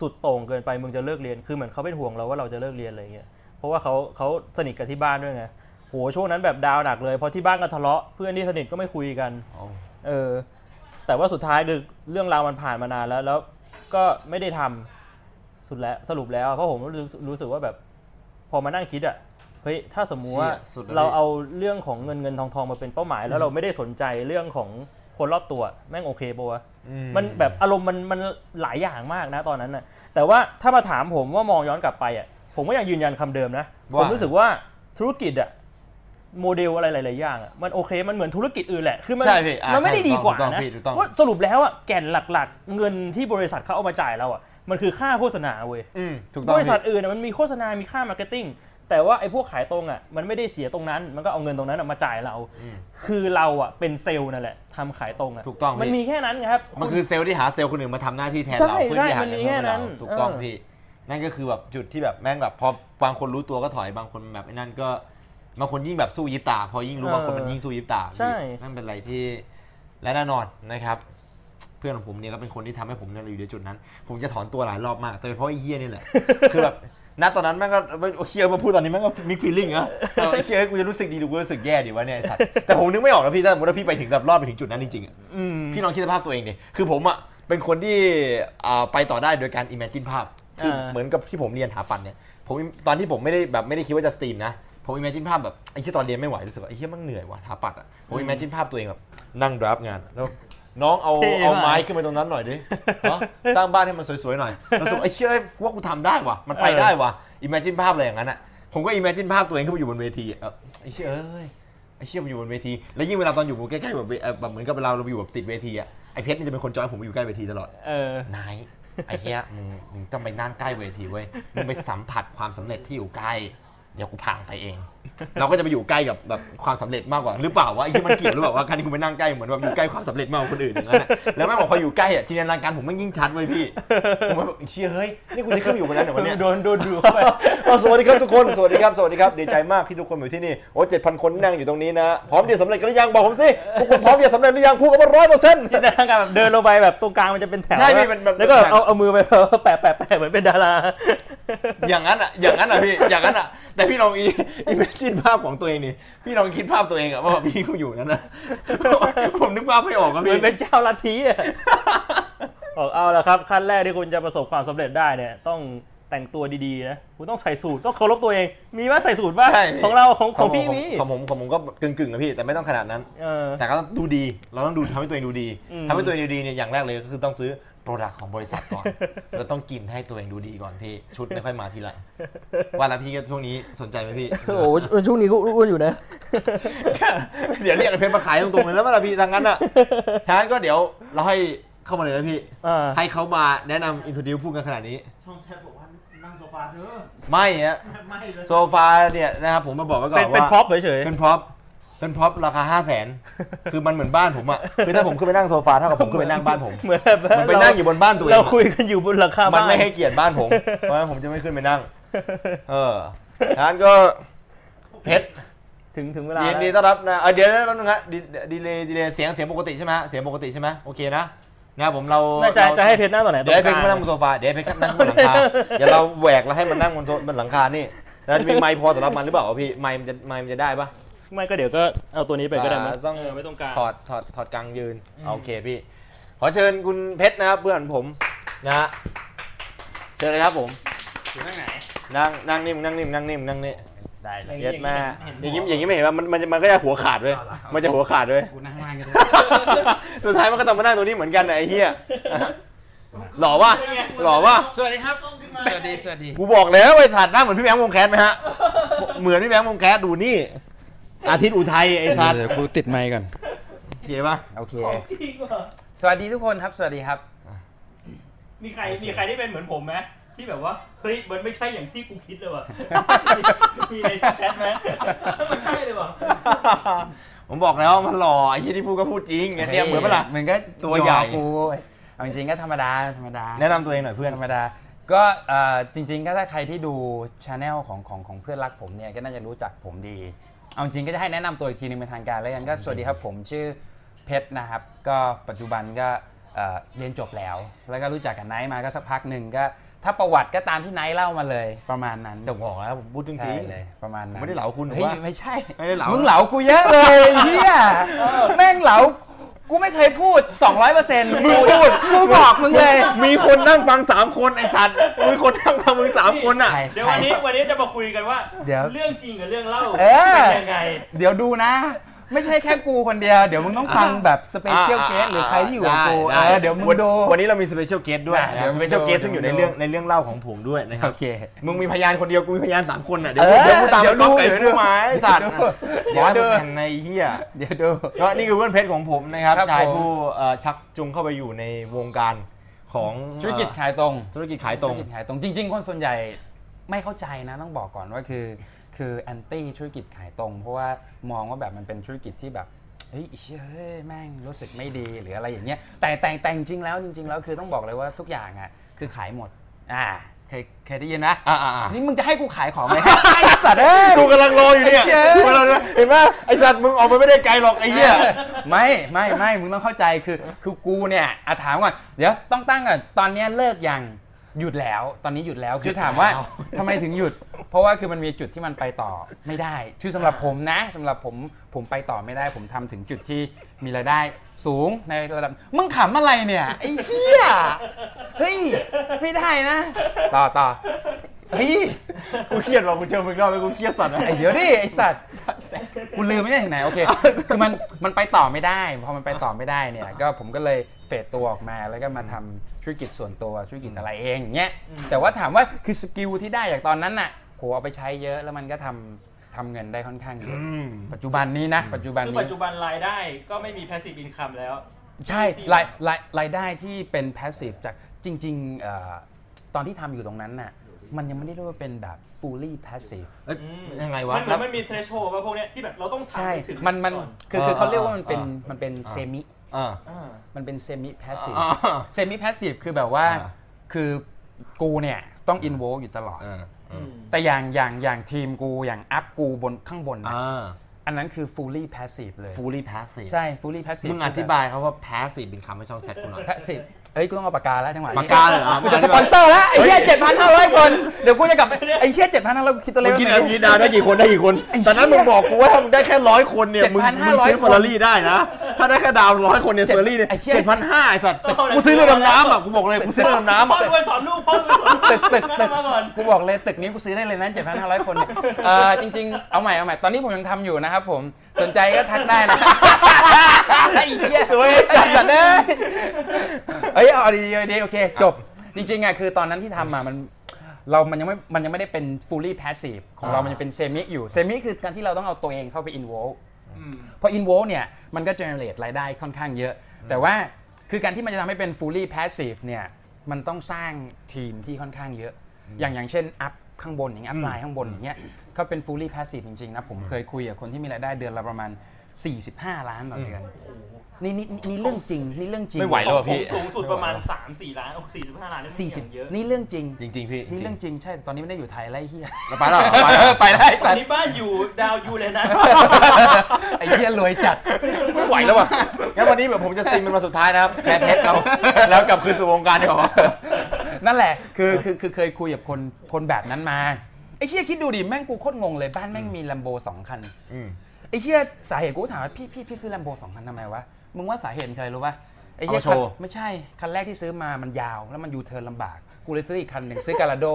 Speaker 2: สุดโต่งเกินไปมึงจะเลิกเรียน คือเหมือนเขาเป็นห่วงเราว่าเราจะเลิกเรียนอะไรเงี้ยเพราะว่าเขาเขาสนิทกับที่บ้านด้วยไงโหช่วงนั้นแบบดาวหนักเลยเพราะที่บ้านก็ทะเลาะเพื่อนที่สนิทก็ไม่คุยกัน
Speaker 1: เอา
Speaker 2: เออ แต่ว่าสุดท้ายคือเรื่องราวมันผ่านมานานแล้ว แล้วก็ไม่ได้ทำสุดแล้วสรุปแล้ว เพราะผมรู้สึกรู้สึกว่าแบบ พอมานั่งคิดอะเฮ้ยถ้าสมมุติว่า
Speaker 1: เชี่ยสุดแล้ว
Speaker 2: เรา
Speaker 1: พี่
Speaker 2: เอาเรื่องของเงินเงินทองทองมาเป็นเป้าหมาย แล้วเราไม่ได้สนใจเรื่องของคนรอบตัว แม่งโอเคปะวะ
Speaker 1: อื
Speaker 2: มันแบบอารมณ์มันมันหลายอย่างมากนะตอนนั้นน่ะแต่ว่าถ้ามาถามผมว่ามองย้อนกลับไปอ่ะผมก็ยังยืนยันคำเดิมนะ
Speaker 1: ว่า
Speaker 2: ผมรู้สึกว่าธุรกิจอ่ะโมเดลอะไรหลายๆอย่างอ่ะมันโอเคมันเหมือนธุรกิจอื่นแหละคือมัน
Speaker 1: ใช่พี่อ่ะ
Speaker 2: มันไม่ได้
Speaker 1: ใช่
Speaker 2: ดีกว่า
Speaker 1: ถูต้อง
Speaker 2: นะ
Speaker 1: พี่ถูต้อง
Speaker 2: ว่าสรุปแล้วอ่ะแก่นหลักๆ เงินที่บริษัทเขาเอามาจ่ายเราอ่ะมันคือค่าโฆษณาเว้ย
Speaker 1: อืมถูกต้อง
Speaker 2: บ
Speaker 1: พี่
Speaker 2: ริษัทอื่นอะมันมีโฆษณา มีค่ามาร์เก็ตติ้งแต่ว่าไอ้พวกขายตรงอ่ะมันไม่ได้เสียตรงนั้น มันก็เอาเงินตรงนั้นอะมาจ่ายเรา
Speaker 1: อืม
Speaker 2: คือเราอ่ะเป็นเซลล์นั่นแหละทำขายตรงอ่ะ
Speaker 1: ถูกต้องพี่
Speaker 2: มันมีแค่นั้นไงครับ
Speaker 1: มันคือเซลล์ที่หาเซลล์คนอื่นมาทำหน้าที่แทน
Speaker 2: ใช่
Speaker 1: เราเพื่อที่จะหาเงิน
Speaker 2: ใช่มันมีแค่
Speaker 1: เพิ่มให้
Speaker 2: นั้
Speaker 1: เรา
Speaker 2: น
Speaker 1: ถูกต้อง
Speaker 2: เออ
Speaker 1: พี่นั่นก็คือแบบจุดที่แบบแม่งแบบพอบางคนรู้ตัวก็ถอยบางคนแบบไอ้นั่นก็บางคนยิ่งแบบสู้ยิบตา พอยิ่ง
Speaker 2: เออบ
Speaker 1: รู้างคนมันยิ่งสู้ยิบตา
Speaker 2: ใช่
Speaker 1: พี่นั่นเป็นอะไรที่และแน่นอนนะครับ เพื่อนของผมเนี่ยก็เป็นคนที่ทำให้ผมเนี่ยอยู่ในจุดนั้น ผมจะถอนตัวหลายรอบมาก แต่เป็นเพราะไอ้เฮียนี่แหละ คือแบบณตอนนั้นแม่งก็โอเคเอามาพูดตอนนี้แม่งก็มีฟีลลิ่งอะเออไอ้เชี่ยกูจะรู้สึกดีหรือกูจะรู้สึกแย่ดีวะเนี่ยไอ้สัตว์แต่ผมนึกไม่ออกนะพี่ถ้าสมมติว่าพี่ไปถึงแบบรอดไปถึงจุดนั้นจริงๆอะ
Speaker 2: อืม
Speaker 1: พี่ลองคิดสภาพตัวเองดิคือผมอ่ะ เป็นคนที่อ่าไปต่อได้โดยการ imagine ภาพ คือ
Speaker 2: เออ
Speaker 1: เหมือนกับที่ผมเรียนหาปันเนี่ย ผมตอนที่ผมไม่ได้แบบไม่ได้คิดว่าจะสตรีมนะ ผม imagine ภาพแบบไอ้ที่ตอนเรียนไม่ไหวรู้สึกว่าไอ้ที่มันเหนื่อยว่ะหาปัดอ่ะ ผม imagine ภาพตัวเองแบบนั่งดรับงานแล้วน้องเอา
Speaker 2: เท่มาก
Speaker 1: เอาไม้ขึ้นไปตรงนั้นหน่อยดิเนาะสร้างบ้านให้มันสวยๆหน่อยแล้วรู้สึกว่าไอ้เชื่อกูว่ากูทำได้ว่ะ มันไปได้ว่ะ imagine ภาพอะไรอย่างนั้นอ่ะ ผมก็ imagine ภาพตัวเองขึ้นไปอยู่บนเวทีอะแบบไอ้เชื่อเอ้ย ไอ้เชี่ยมันอยู่บนเวที แล้วยิ่งเวลาตอนอยู่ใกล้ๆแบบเวเอ่อแบบเหมือนกับเราเราอยู่แบบติดเวทีอะไอ้เพชรมันจะเป็นคนจอยผมไปอยู่ใกล้เวทีตลอด
Speaker 2: เออ
Speaker 1: นาย ไอ้เชี่ยมึงมึงต้องไปนั่งใกล้เวทีเว้ย มึงไปสัมผัสความสำเร็จที่อยู่ใกล้ เดี๋ยวกูพังไปเอง เราก็จะไปอยู่ใกล้กับแบบความสำเร็จมากกว่า หรือเปล่าวะไอ้ที่มันเกี่ยวหรือเปล่าวะการที่กูไปนั่งใกล้เหมือนแบบอยู่ใกล้ความสำเร็จมากกว่าคนอื่นอย่างนั้นอะแล้วแม่งบอกพออยู่ใกล้อะจินตนาการผมมันยิ่งชัดเว้ยพี่ ผมแบบเชี่ยเฮ้ยนี่กูจะขึ้นไปอยู่บนนั้นเหรอวันเนี้ย
Speaker 2: โดนโดนดูเข้าไป
Speaker 1: เอาสวัสดีครับทุกคน สวัสดีครับ สวัสดีครับ ดีใจมากที่ทุกคนมาอยู่ที่นี่ โอ้เจ็ดพันคนนั่งอยู่ตรงนี้นะ พร้อมที่จะสำเร็จกันหรือยัง บอกผมสิ พวกคุณพร้อมที่จะสำเร็จหรือยัง พูดกันมาร้อยเปอร์เซ็นต์
Speaker 2: จินตนาการแบบเดินลงไปแบบตรงกลางมันจะเป็นแถว
Speaker 1: ใช่พี่
Speaker 2: อะ
Speaker 1: มันมัน
Speaker 2: แล้วก็
Speaker 1: มัน
Speaker 2: เอาเอามือไปแปะแปะแปะเหมือนเป็นดารา
Speaker 1: อย่างนั้นอ่ะ อย่างนั้นอ่ะพี่ อย่างนั้นอ่ะ แต่พี่ลองอีอีเมจินภาพของตัวเองนี่ พี่ลองคิดภาพตัวเองอ่ะว่าแบบพี่กูอยู่นั้นนะ ผมนึกภาพไม่ออกอะ
Speaker 2: เหมื
Speaker 1: พี่
Speaker 2: อนเป็นเจ้าลัทธิอะบอกเอาละครับ ขั้นแรกที่คุณจะประสบความสำเร็จได้เนี่ย ต้องแต่งตัวดีๆนะ คุณต้องใส่สูทต้องเคารพตัวเอง มีว่าใส่สูทบ้าง
Speaker 1: ใช่พี่
Speaker 2: ของเราของของพี่มี
Speaker 1: ของผมของผมก็กึ่งๆนะพี่ แต่ไม่ต้องขนาดนั้น
Speaker 2: เออ
Speaker 1: แต่ก็ต้องดูดี เราต้องดูทำให้ตัวเองดูดี
Speaker 2: อืม
Speaker 1: ทำให้ตัวเองดูดีเนี่ยอย่างแรกเลยก็คือต้องซื้อโปรดักของบริษัท ก่อน เราต้องกินให้ตัวเองดูดีก่อนพี่ชุดไม่ค่อยมาทีห ลังว่าแล้วพี่ก็ช่วงนี้สนใจไหมพี่
Speaker 2: ช่วงนี้ก็อ้วนอยู่นะ
Speaker 1: เดี๋ยวเรียกไอ้เพชรมาขายตรงๆเลยแล้วมาละพี่ทางนั้น อ่ะทางนั้นก็เดี๋ยวเราให้เข้ามาเลยนะพี่
Speaker 2: อ่า
Speaker 1: ให้เขามาแนะนำอินโทรดิวพูดกันขนาดนี้
Speaker 3: ช่องแชทบอกว่านั่งโซฟาเถอะ
Speaker 1: ไม่ฮะ
Speaker 3: ไม่เลย
Speaker 1: โซฟาเนี่ยนะครับผมมาบอกไว้ก่อ
Speaker 2: เป็น
Speaker 1: น
Speaker 2: เป็น
Speaker 1: ว่า
Speaker 2: พ็อปเฉย
Speaker 1: เป็นพร็อพ เป็นพร็อพราคาห้าแสน คือมันเหมือนบ้านผมอ่ะคือถ้าผมขึ้นไปนั่งโซฟาเท่ากับผมขึ้นไปนั่งบ้าน ผม
Speaker 2: เหมือน
Speaker 1: มันไปนั่งอยู่บนบ้านตัวเอ
Speaker 2: เรา
Speaker 1: ง
Speaker 2: คุยกันอยู่บนหลังคา
Speaker 1: มัน
Speaker 2: บ้าน
Speaker 1: ไม่ให้เกียรติบ้านผม เพราะฉะนั้นผมจะไม่ขึ้นไป นั่ง เออร้านก็เพชร
Speaker 2: ถึงถึงเวลา
Speaker 1: ยินดี
Speaker 2: แล้ว
Speaker 1: ต้อนรับนะเอ่อเดี๋ยวนะแป๊บนึงฮะดีดีเลยดีเลยเสียงเสียงปกติใช่ไหมฮะเสียงปกติใช่ไหมโอเคนะนะครับผมเรา
Speaker 2: น่าจะ
Speaker 1: เรา
Speaker 2: จะให้เพชรหน้าต่อไหนตร
Speaker 1: เดี๋ยวให้
Speaker 2: ง
Speaker 1: เพ
Speaker 2: ก
Speaker 1: ชร
Speaker 2: ลาง
Speaker 1: มานั่งบนโซฟาเดี๋ยวให้เพชรนั่งบนหลัง คาเดี๋ยวเราแหวกแล้วให้มันนั่งบนโซบนหลังคานี่แล้วจะมีไมค์พอสำหรับมันหรือเปล่าวะพี่ไมค์มันจะไมค์มันจะได้ปะ
Speaker 2: ไม่ก็เดี๋ยวก็เอาตัวนี้ไปก็ได้มั้ย
Speaker 1: อ่าต้อง
Speaker 2: เไม่ตรงกลาง
Speaker 1: ถอดถอดถอดกลางยืน
Speaker 2: อืม
Speaker 1: โอเคพี่ ขอเชิญคุณเพชรนะครับเพื่อนผมนะฮะเชิญเลยครับผม
Speaker 3: อยู่ที่ไหน
Speaker 1: นั่งนั่งนิ่มนั่งนิ่มนั่งนิ่มนั่งนิ่ม
Speaker 3: ได้เลย
Speaker 1: เย็ดแม่
Speaker 2: อย่
Speaker 1: อา
Speaker 2: ย่าง ง
Speaker 1: นี้อ
Speaker 2: นี้เห็น
Speaker 1: ย่างนี้ไม่เห็นว่ามันมันจะมันก็จะหัวขาดเว้ยมันจะหัวขาดเว้ย
Speaker 3: กูนั่งล่างกันเลย
Speaker 1: สุดท้ายมันก็ต้องมานั่งตัวนี้เหมือนกันน่ะไอ้เหี้ยหล่อวะหล่อวะ
Speaker 4: สวัสดีครับ สวัสดี สวัสดี
Speaker 1: กูบอกแล้วไอ้สัตว์หน้าเหมือนพี่แบงค์วงแคสไหมฮะเหมือนพี่แบงค์วงแคสดูนี่ อาทิตย์อุทัยไอ้สัตว์
Speaker 4: เดี๋ยวกูติดไมค์ก่อน
Speaker 1: เห็นปะ
Speaker 4: โอเค สวัสดีทุกคนครับ สวัสดีครับ
Speaker 2: มีใครมีใครที่เป็นเหมือนผมไหมที่แบบว่าเฮ้ยมันไม่ใช่อย่างที่กูคิด เลยว่ะ มีในแชทไหมไม่ใช่เลยว่ะ
Speaker 1: ผมบอกแล้วมันหล่อไอ้เหี้ยที่พูดก็พูดจริงไอ้เนี่ยเหมือนปะล่ะ
Speaker 4: เหมือนก็
Speaker 1: ตัวใหญ่
Speaker 4: ยอกูเว้ยเอาจริงๆก็ธรรมดา ธรรมดา
Speaker 1: แนะนำตัวเองหน่อยเพื่อน
Speaker 4: ธรรมดา ก็เอ่อจริง ๆ ก็ถ้าใครที่ดูชาแนลของของของเพื่อนรักผมเนี่ย ก็น่าจะรู้จักผมดี เอาจริงก็จะให้แนะนำตัวอีกทีหนึงเป็นทางการแล้วกัน ก็สวัสดีครับผมชื่อเพชรนะครับ ก็ปัจจุบันก็เอ่อเรียนจบแล้ว แล้วก็รู้จักกับไนท์มาก็สักพักหนึ่งก็ ถ้าประวัติก็ตามที่ไนท์เล่ามาเลยประมาณนั้น
Speaker 1: เดี๋ยวบอกแล้วผมพูดจริงจริง
Speaker 4: ใช่เลยประมาณนั้น
Speaker 1: ผมไม่ได้เหลาคุณผ
Speaker 4: เฮ้ย
Speaker 1: มว่า
Speaker 4: ไม่ใช่
Speaker 1: ไม่ได้เหลามึ
Speaker 4: งเหลากูเยอะเลยไอ้เฮียแม่งเหลากูไม่เคยพูด 200%มึงพูดกูบอกมึงเลย
Speaker 1: มีคนนั่งฟังสามคนไอ้สัตว์มีคนนั่งฟังมึงสามคนอ่ะ
Speaker 4: ใคร
Speaker 2: เดี๋ยววันนี้
Speaker 4: ใคร
Speaker 2: วันนี้จะมาคุยกันว่า
Speaker 4: เดี๋ยว
Speaker 2: เรื่องจริงกับเรื่องเล่า
Speaker 4: เออ
Speaker 2: เป็นยังไง
Speaker 4: เดี๋ยวดูนะ ไม่ใช่แค่กูคนเดียว เดี๋ยวมึงต้องฟังแบบสเปเชียลเกสหรือใครที่อยู่กับกูเอ
Speaker 1: ได้
Speaker 4: อเดี๋ยวมึง
Speaker 1: น
Speaker 4: ดู
Speaker 1: วันนี้เรามีสเปเชียลเกสด้วย
Speaker 4: ได้เดี๋ยว
Speaker 1: สเปเชียลเกส
Speaker 4: เดี๋ยว
Speaker 1: ซึ่งอยู่ใน
Speaker 4: มึงดู
Speaker 1: เรื่องในเรื่องเล่าของผมด้วยนะครับ
Speaker 4: โอเค
Speaker 1: มึงมีพยานคนเดียว กูมีพยานสามคนอ่ะ เดี๋ยว
Speaker 4: เออ
Speaker 1: เดี๋ยวกูตาม
Speaker 4: เดี๋
Speaker 1: ไป
Speaker 4: ยว
Speaker 1: ก๊อป
Speaker 4: ดู
Speaker 1: ไก่
Speaker 4: เดี๋ยวดู
Speaker 1: ผู้ไม้สัตว์
Speaker 4: เดี๋
Speaker 1: เดี๋ย
Speaker 4: ยว วดู
Speaker 1: ดูในเฮีย
Speaker 4: เดี๋ยวดู
Speaker 1: ก็นี่คือเพื่อนเพชรของผมนะครับ
Speaker 4: ครับ
Speaker 1: ชาย
Speaker 4: ผม
Speaker 1: ผู้เอ่อชักจูงเข้าไปอยู่ในวงการของ
Speaker 4: ธุรกิจ
Speaker 1: เอ่อ
Speaker 4: ขายตรง
Speaker 1: ธุรกิจขายตรง
Speaker 4: ธุรกิจขายตรงจริง ๆ คนส่วนใหญ่ไม่เข้าใจนะต้องบอกก่อนว่าคือคือแอนตี้ธุรกิจขายตรง เพราะว่ามองว่าแบบมันเป็นธุรกิจที่แบบเฮ้ยเชี่ยเฮ้ยแม่งรู้สึกไม่ดีหรืออะไรอย่างเงี้ยแต่แต่แต่จริงๆแล้วจริง ๆ แล้วคือต้องบอกเลยว่าทุกอย่างอ่ะคือขายหมดอ่าเคยเคยได้ยินนะ
Speaker 1: อ่าอ่าอ่า
Speaker 4: นี่มึงจะให้กูขายของไหม ไอ้สัตว์เอ้ย
Speaker 1: กูกำลังรออยู่เนี่ย
Speaker 4: ไอ้เหี้ย
Speaker 1: กูกำลังรอเห็นไหมไอสัตว์มึงออกไปไม่ได้ไกลหรอกไอ้เหี้ย
Speaker 4: ไม่ไม่ไม่มึงต้องเข้าใจคือคือกูเนี่ยอะถามก่อนเดี๋ยวต้องตั้งก่อนตอนเนี้ยเลิกยังหยุดแล้ว ตอนนี้หยุดแล้วคือถามว่า
Speaker 1: หยุดแล้ว
Speaker 4: ทำไมถึงหยุด เพราะว่าคือมันมีจุดที่มันไปต่อไม่ได้คือสำหรับผมนะสำหรับผมผมไปต่อไม่ได้ ผมทำถึงจุดที่มีรายได้สูงในระดับมึงขำอะไรเนี่ยไอ้เหี้ยเฮ้ยไม่ได้นะ ต่อต่อเฮ้ย
Speaker 1: กูเครียดว่ะกูเจอมึงรอบแล้วกูเครียดสัตว์นะ
Speaker 4: ไอ้เดี๋ยวดิไอ้สัตว์ กูลืมไม่ได้ถึงไหนโอเค คือมันมันไปต่อไม่ได้พอมันไปต่อไม่ได้เนี่ย ก็ผมก็เลยเฟดตัวออกมาแล้วก็มาทำธุรกิจส่วนตัวธุรกิจอะไรเองอย่างเงี้ยแต่ว่าถามว่าคือสกิลที่ได้จากตอนนั้นน่ะโหเอาไปใช้เยอะแล้วมันก็ทำทำเงินได้ค่อนข้างเยอะ
Speaker 1: อืม
Speaker 4: ปัจจุบันนี้นะ ปัจจุบัน
Speaker 2: คือปั
Speaker 4: นี้
Speaker 2: จจุบันรายได้ก็ไม่มี passive income แล้ว
Speaker 4: ใช่รายรายรายได้ที่เป็นพาสซีฟจากจริงๆเอ่อตอนที่ทำอยู่ตรงนั้นน่ะมันยังไม่ได้เรียกว่าเป็นแบบ fully passive
Speaker 1: เอ้ย
Speaker 2: อืม
Speaker 1: ยังไง
Speaker 2: มั
Speaker 1: วะ
Speaker 2: นเหมือนมันมี threshold ป่ะพวกเนี้ยที่แบบเราต้องทำ
Speaker 4: ใช่
Speaker 2: ให้ถึง
Speaker 4: มันมัน
Speaker 2: ก่อ
Speaker 4: คือคือเขาเรียกว่ามันเป็น
Speaker 1: อ่า
Speaker 4: มันเป็นเซมิ
Speaker 1: อ่า
Speaker 2: อ่า
Speaker 4: มันเป็นเซมิพาสซีฟ
Speaker 1: อ่า
Speaker 4: เซมิพาสซีฟคือแบบว่า
Speaker 1: อ่า
Speaker 4: คือกูเนี่ย ต้องอินโวอยู่ตลอด
Speaker 1: อ่าอืม
Speaker 4: แต่อย่างอย่างอย่างทีมกูอย่างอัพกูบนข้างบนนะ
Speaker 1: อ่า
Speaker 4: อันนั้นคือ fully passive เลย
Speaker 1: fully passive
Speaker 4: ใช่ fully passive
Speaker 1: มึงอธิบายเขาว่า passive เป็นคำให้ช่องแชทกูหน่อย
Speaker 4: passive เอ้ย กูต้องเอาปากกาแล้วจังหวะนี้
Speaker 1: ปากกาเลยเหรอ
Speaker 4: กูจะสปอนเซอร์แล้ว ไอ้เหี้ยเจ็ดพันห้าร้อยคน เดี๋ยวกูจะกลับไปไอ้เหี้ยเจ็ดพันห้าร้อยคิดตัวเล
Speaker 1: มึ
Speaker 4: ข
Speaker 1: งคิด
Speaker 4: ไม่
Speaker 1: เอา
Speaker 4: รู้
Speaker 1: งี้ดาวได้กี่คนได้กี่คน
Speaker 4: ไอ้เหี้ย
Speaker 1: ตอนนั้นมึงบอกกูว่าถ้ามึงได้แค่ร้อยคนเนี่ย มึงมึง
Speaker 4: 7,500
Speaker 1: ซื้อเฟอร์รารี่ได้นะ ถ้าได้แค่ดาวร้อยคนเนี่ยเฟอร์รารี่เนี่ย
Speaker 4: ไอ้เหี้ย
Speaker 1: เจ็ดพันห้าไอ้สัตว์
Speaker 2: โอ้โห
Speaker 1: กูซื้อเรือดำน้ำอ่ะ กูบอกเลย กูซื้อเรือดำน้ำ
Speaker 2: พ่อ
Speaker 1: อ่ะ
Speaker 2: รวยสอนลูกพ่อรวยสอนลูก
Speaker 4: ตึกตึก
Speaker 2: นั่น
Speaker 4: ตึก
Speaker 2: เอามาก่อน
Speaker 4: กูบอกเลยตึกนี้กูซื้อได้เลยนะ7,500 คนเนี่ยเออจริง ๆ เอาใหม่เอาใหม่ตอนนี้ผมยังทำอยู่นะครับผมสนใจก็ ทักได้นะไอ้เหี้ย
Speaker 1: สวย
Speaker 4: สัตว์เอ้ยเอ้ยเอาดีเอาดีโอเค จบ จริงๆอ่ะคือตอนนั้นที่ทำมามันเรามันยังไม่มันยังไม่ได้เป็น fully passive ของเรามันยังเป็น semi อยู่ semi คือการที่เราต้องเอาตัวเองเข้าไป involve เพราะ involve เนี่ยมันก็ generate รายได้ค่อนข้างเยอะ แต่ว่าคือการที่มันจะทำให้เป็น fully passive เนี่ยมันต้องสร้างทีมที่ค่อนข้างเยอะ อย่างอย่างเช่นอัพ ข้างบนอย่างเงี้ยอัพไลน์ข้างบนอย่างเงี้ยเขาเป็น fully passive จริงๆนะ ผมเคยคุยกับคนที่มีรายได้เดือนละประมาณ 45 ล้านต่อเดือนนี่นี่นี่เรื่องจริงนี่เรื่องจริง
Speaker 1: ไม่ไหวแล้วอะพี่
Speaker 2: สูงสุดประมาณ 3-4 ล้าน45 ล้านนี่
Speaker 4: สี่สิบ
Speaker 2: เยอะ
Speaker 4: นี่เรื่องจริง
Speaker 1: จริง ๆ พี่
Speaker 4: นี่เรื่องจริงใช่ตอนนี้ไม่ได้อยู่ไทยไล่เฮีย
Speaker 1: เราไปแล้วเหรอไปแล้ว
Speaker 4: ไปได้
Speaker 2: ต
Speaker 4: สั
Speaker 2: อ
Speaker 4: ต
Speaker 2: น
Speaker 4: ว์
Speaker 2: นี้บ้านอยู่ดาวอยู่เลยนะ
Speaker 4: ไอ้เฮียรวยจัด
Speaker 1: ไม่ไหวแล้วว่ะ งั้นวันนี้แบบผมจะซิงเป็นวันสุดท้ายนะครับ แพ้เพชรเราแล้วกลับคืนสู่วงการดีกว่า
Speaker 4: นั่นแหละ คือ คือ คือ เคยคุยกับคน คนแบบนั้นมา ไอ้เชี่ยคิดดูดิ แม่งกูโคตรงงเลย บ้านแม่งมีลัมโบสองคัน ไอ้เชี่ยสาเหตุกูถามว่าพี่ พี่ พี่ซื้อลัมโบสองคันทำไมวะ มึงว่าสาเหตุคืออะไรรู้ปะไอ้เชี่ย
Speaker 1: เอามาโชว์
Speaker 4: คันไม่ใช่ คันแรกที่ซื้อมา มันยาว แล้วมันยูเทิร์นลำบาก กูเลยซื้ออีกคันหนึ่งซื้อการาโด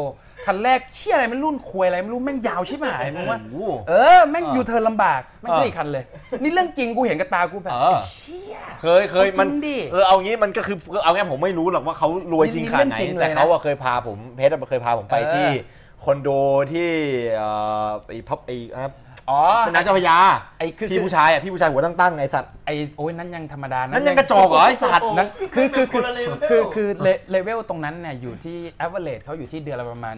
Speaker 4: คันแรกเชี่ยอะไรมันรุ่นควยอะไรไม่รู้ แม่งยาวชิบหาย มึงว่า
Speaker 1: โอ้โห
Speaker 4: เออ แม่งยูเทิร์นลำบาก แม่งซื้ออีกคันเลย นี่เรื่องจริง กูเห็นกับตา กูแบบ
Speaker 1: เออ
Speaker 4: ไอ้เชี่ย
Speaker 1: เคยเคยมัน
Speaker 4: จริงดิ
Speaker 1: เออเอางี้มันก็คือเอางี้ผมไม่รู้หรอกว่าเขารวยจริงขนาดไหน
Speaker 4: นี่เรื่องจริงเลยนะ
Speaker 1: แต่เขาอะเคยพาผมเพชรอะเคยพาผมไป
Speaker 4: เออ
Speaker 1: ที่คอนโดที่เอ่อไอ้พับไอ้นะครับ
Speaker 4: อ๋อ
Speaker 1: เป็นน้ำเจ้าพระยา
Speaker 4: ไอ้คือ
Speaker 1: พี่ผู้ชายอะพี่ผู้ชายหัวตั้งๆไอ้สัตว์
Speaker 4: ไอ้ โอ้ยนั่นยังธรรมดานะ
Speaker 1: นั่นยังกระจอกเหรอไอ้สัตว์
Speaker 2: โอ้
Speaker 4: นั่นคือคือ
Speaker 2: ค
Speaker 4: คือ
Speaker 2: นละเลเวล
Speaker 4: คือคือเลเลเวลตรงนั้นเนี่ยอยู่ที่ average เขาอยู่ที่เดือนละประมาณ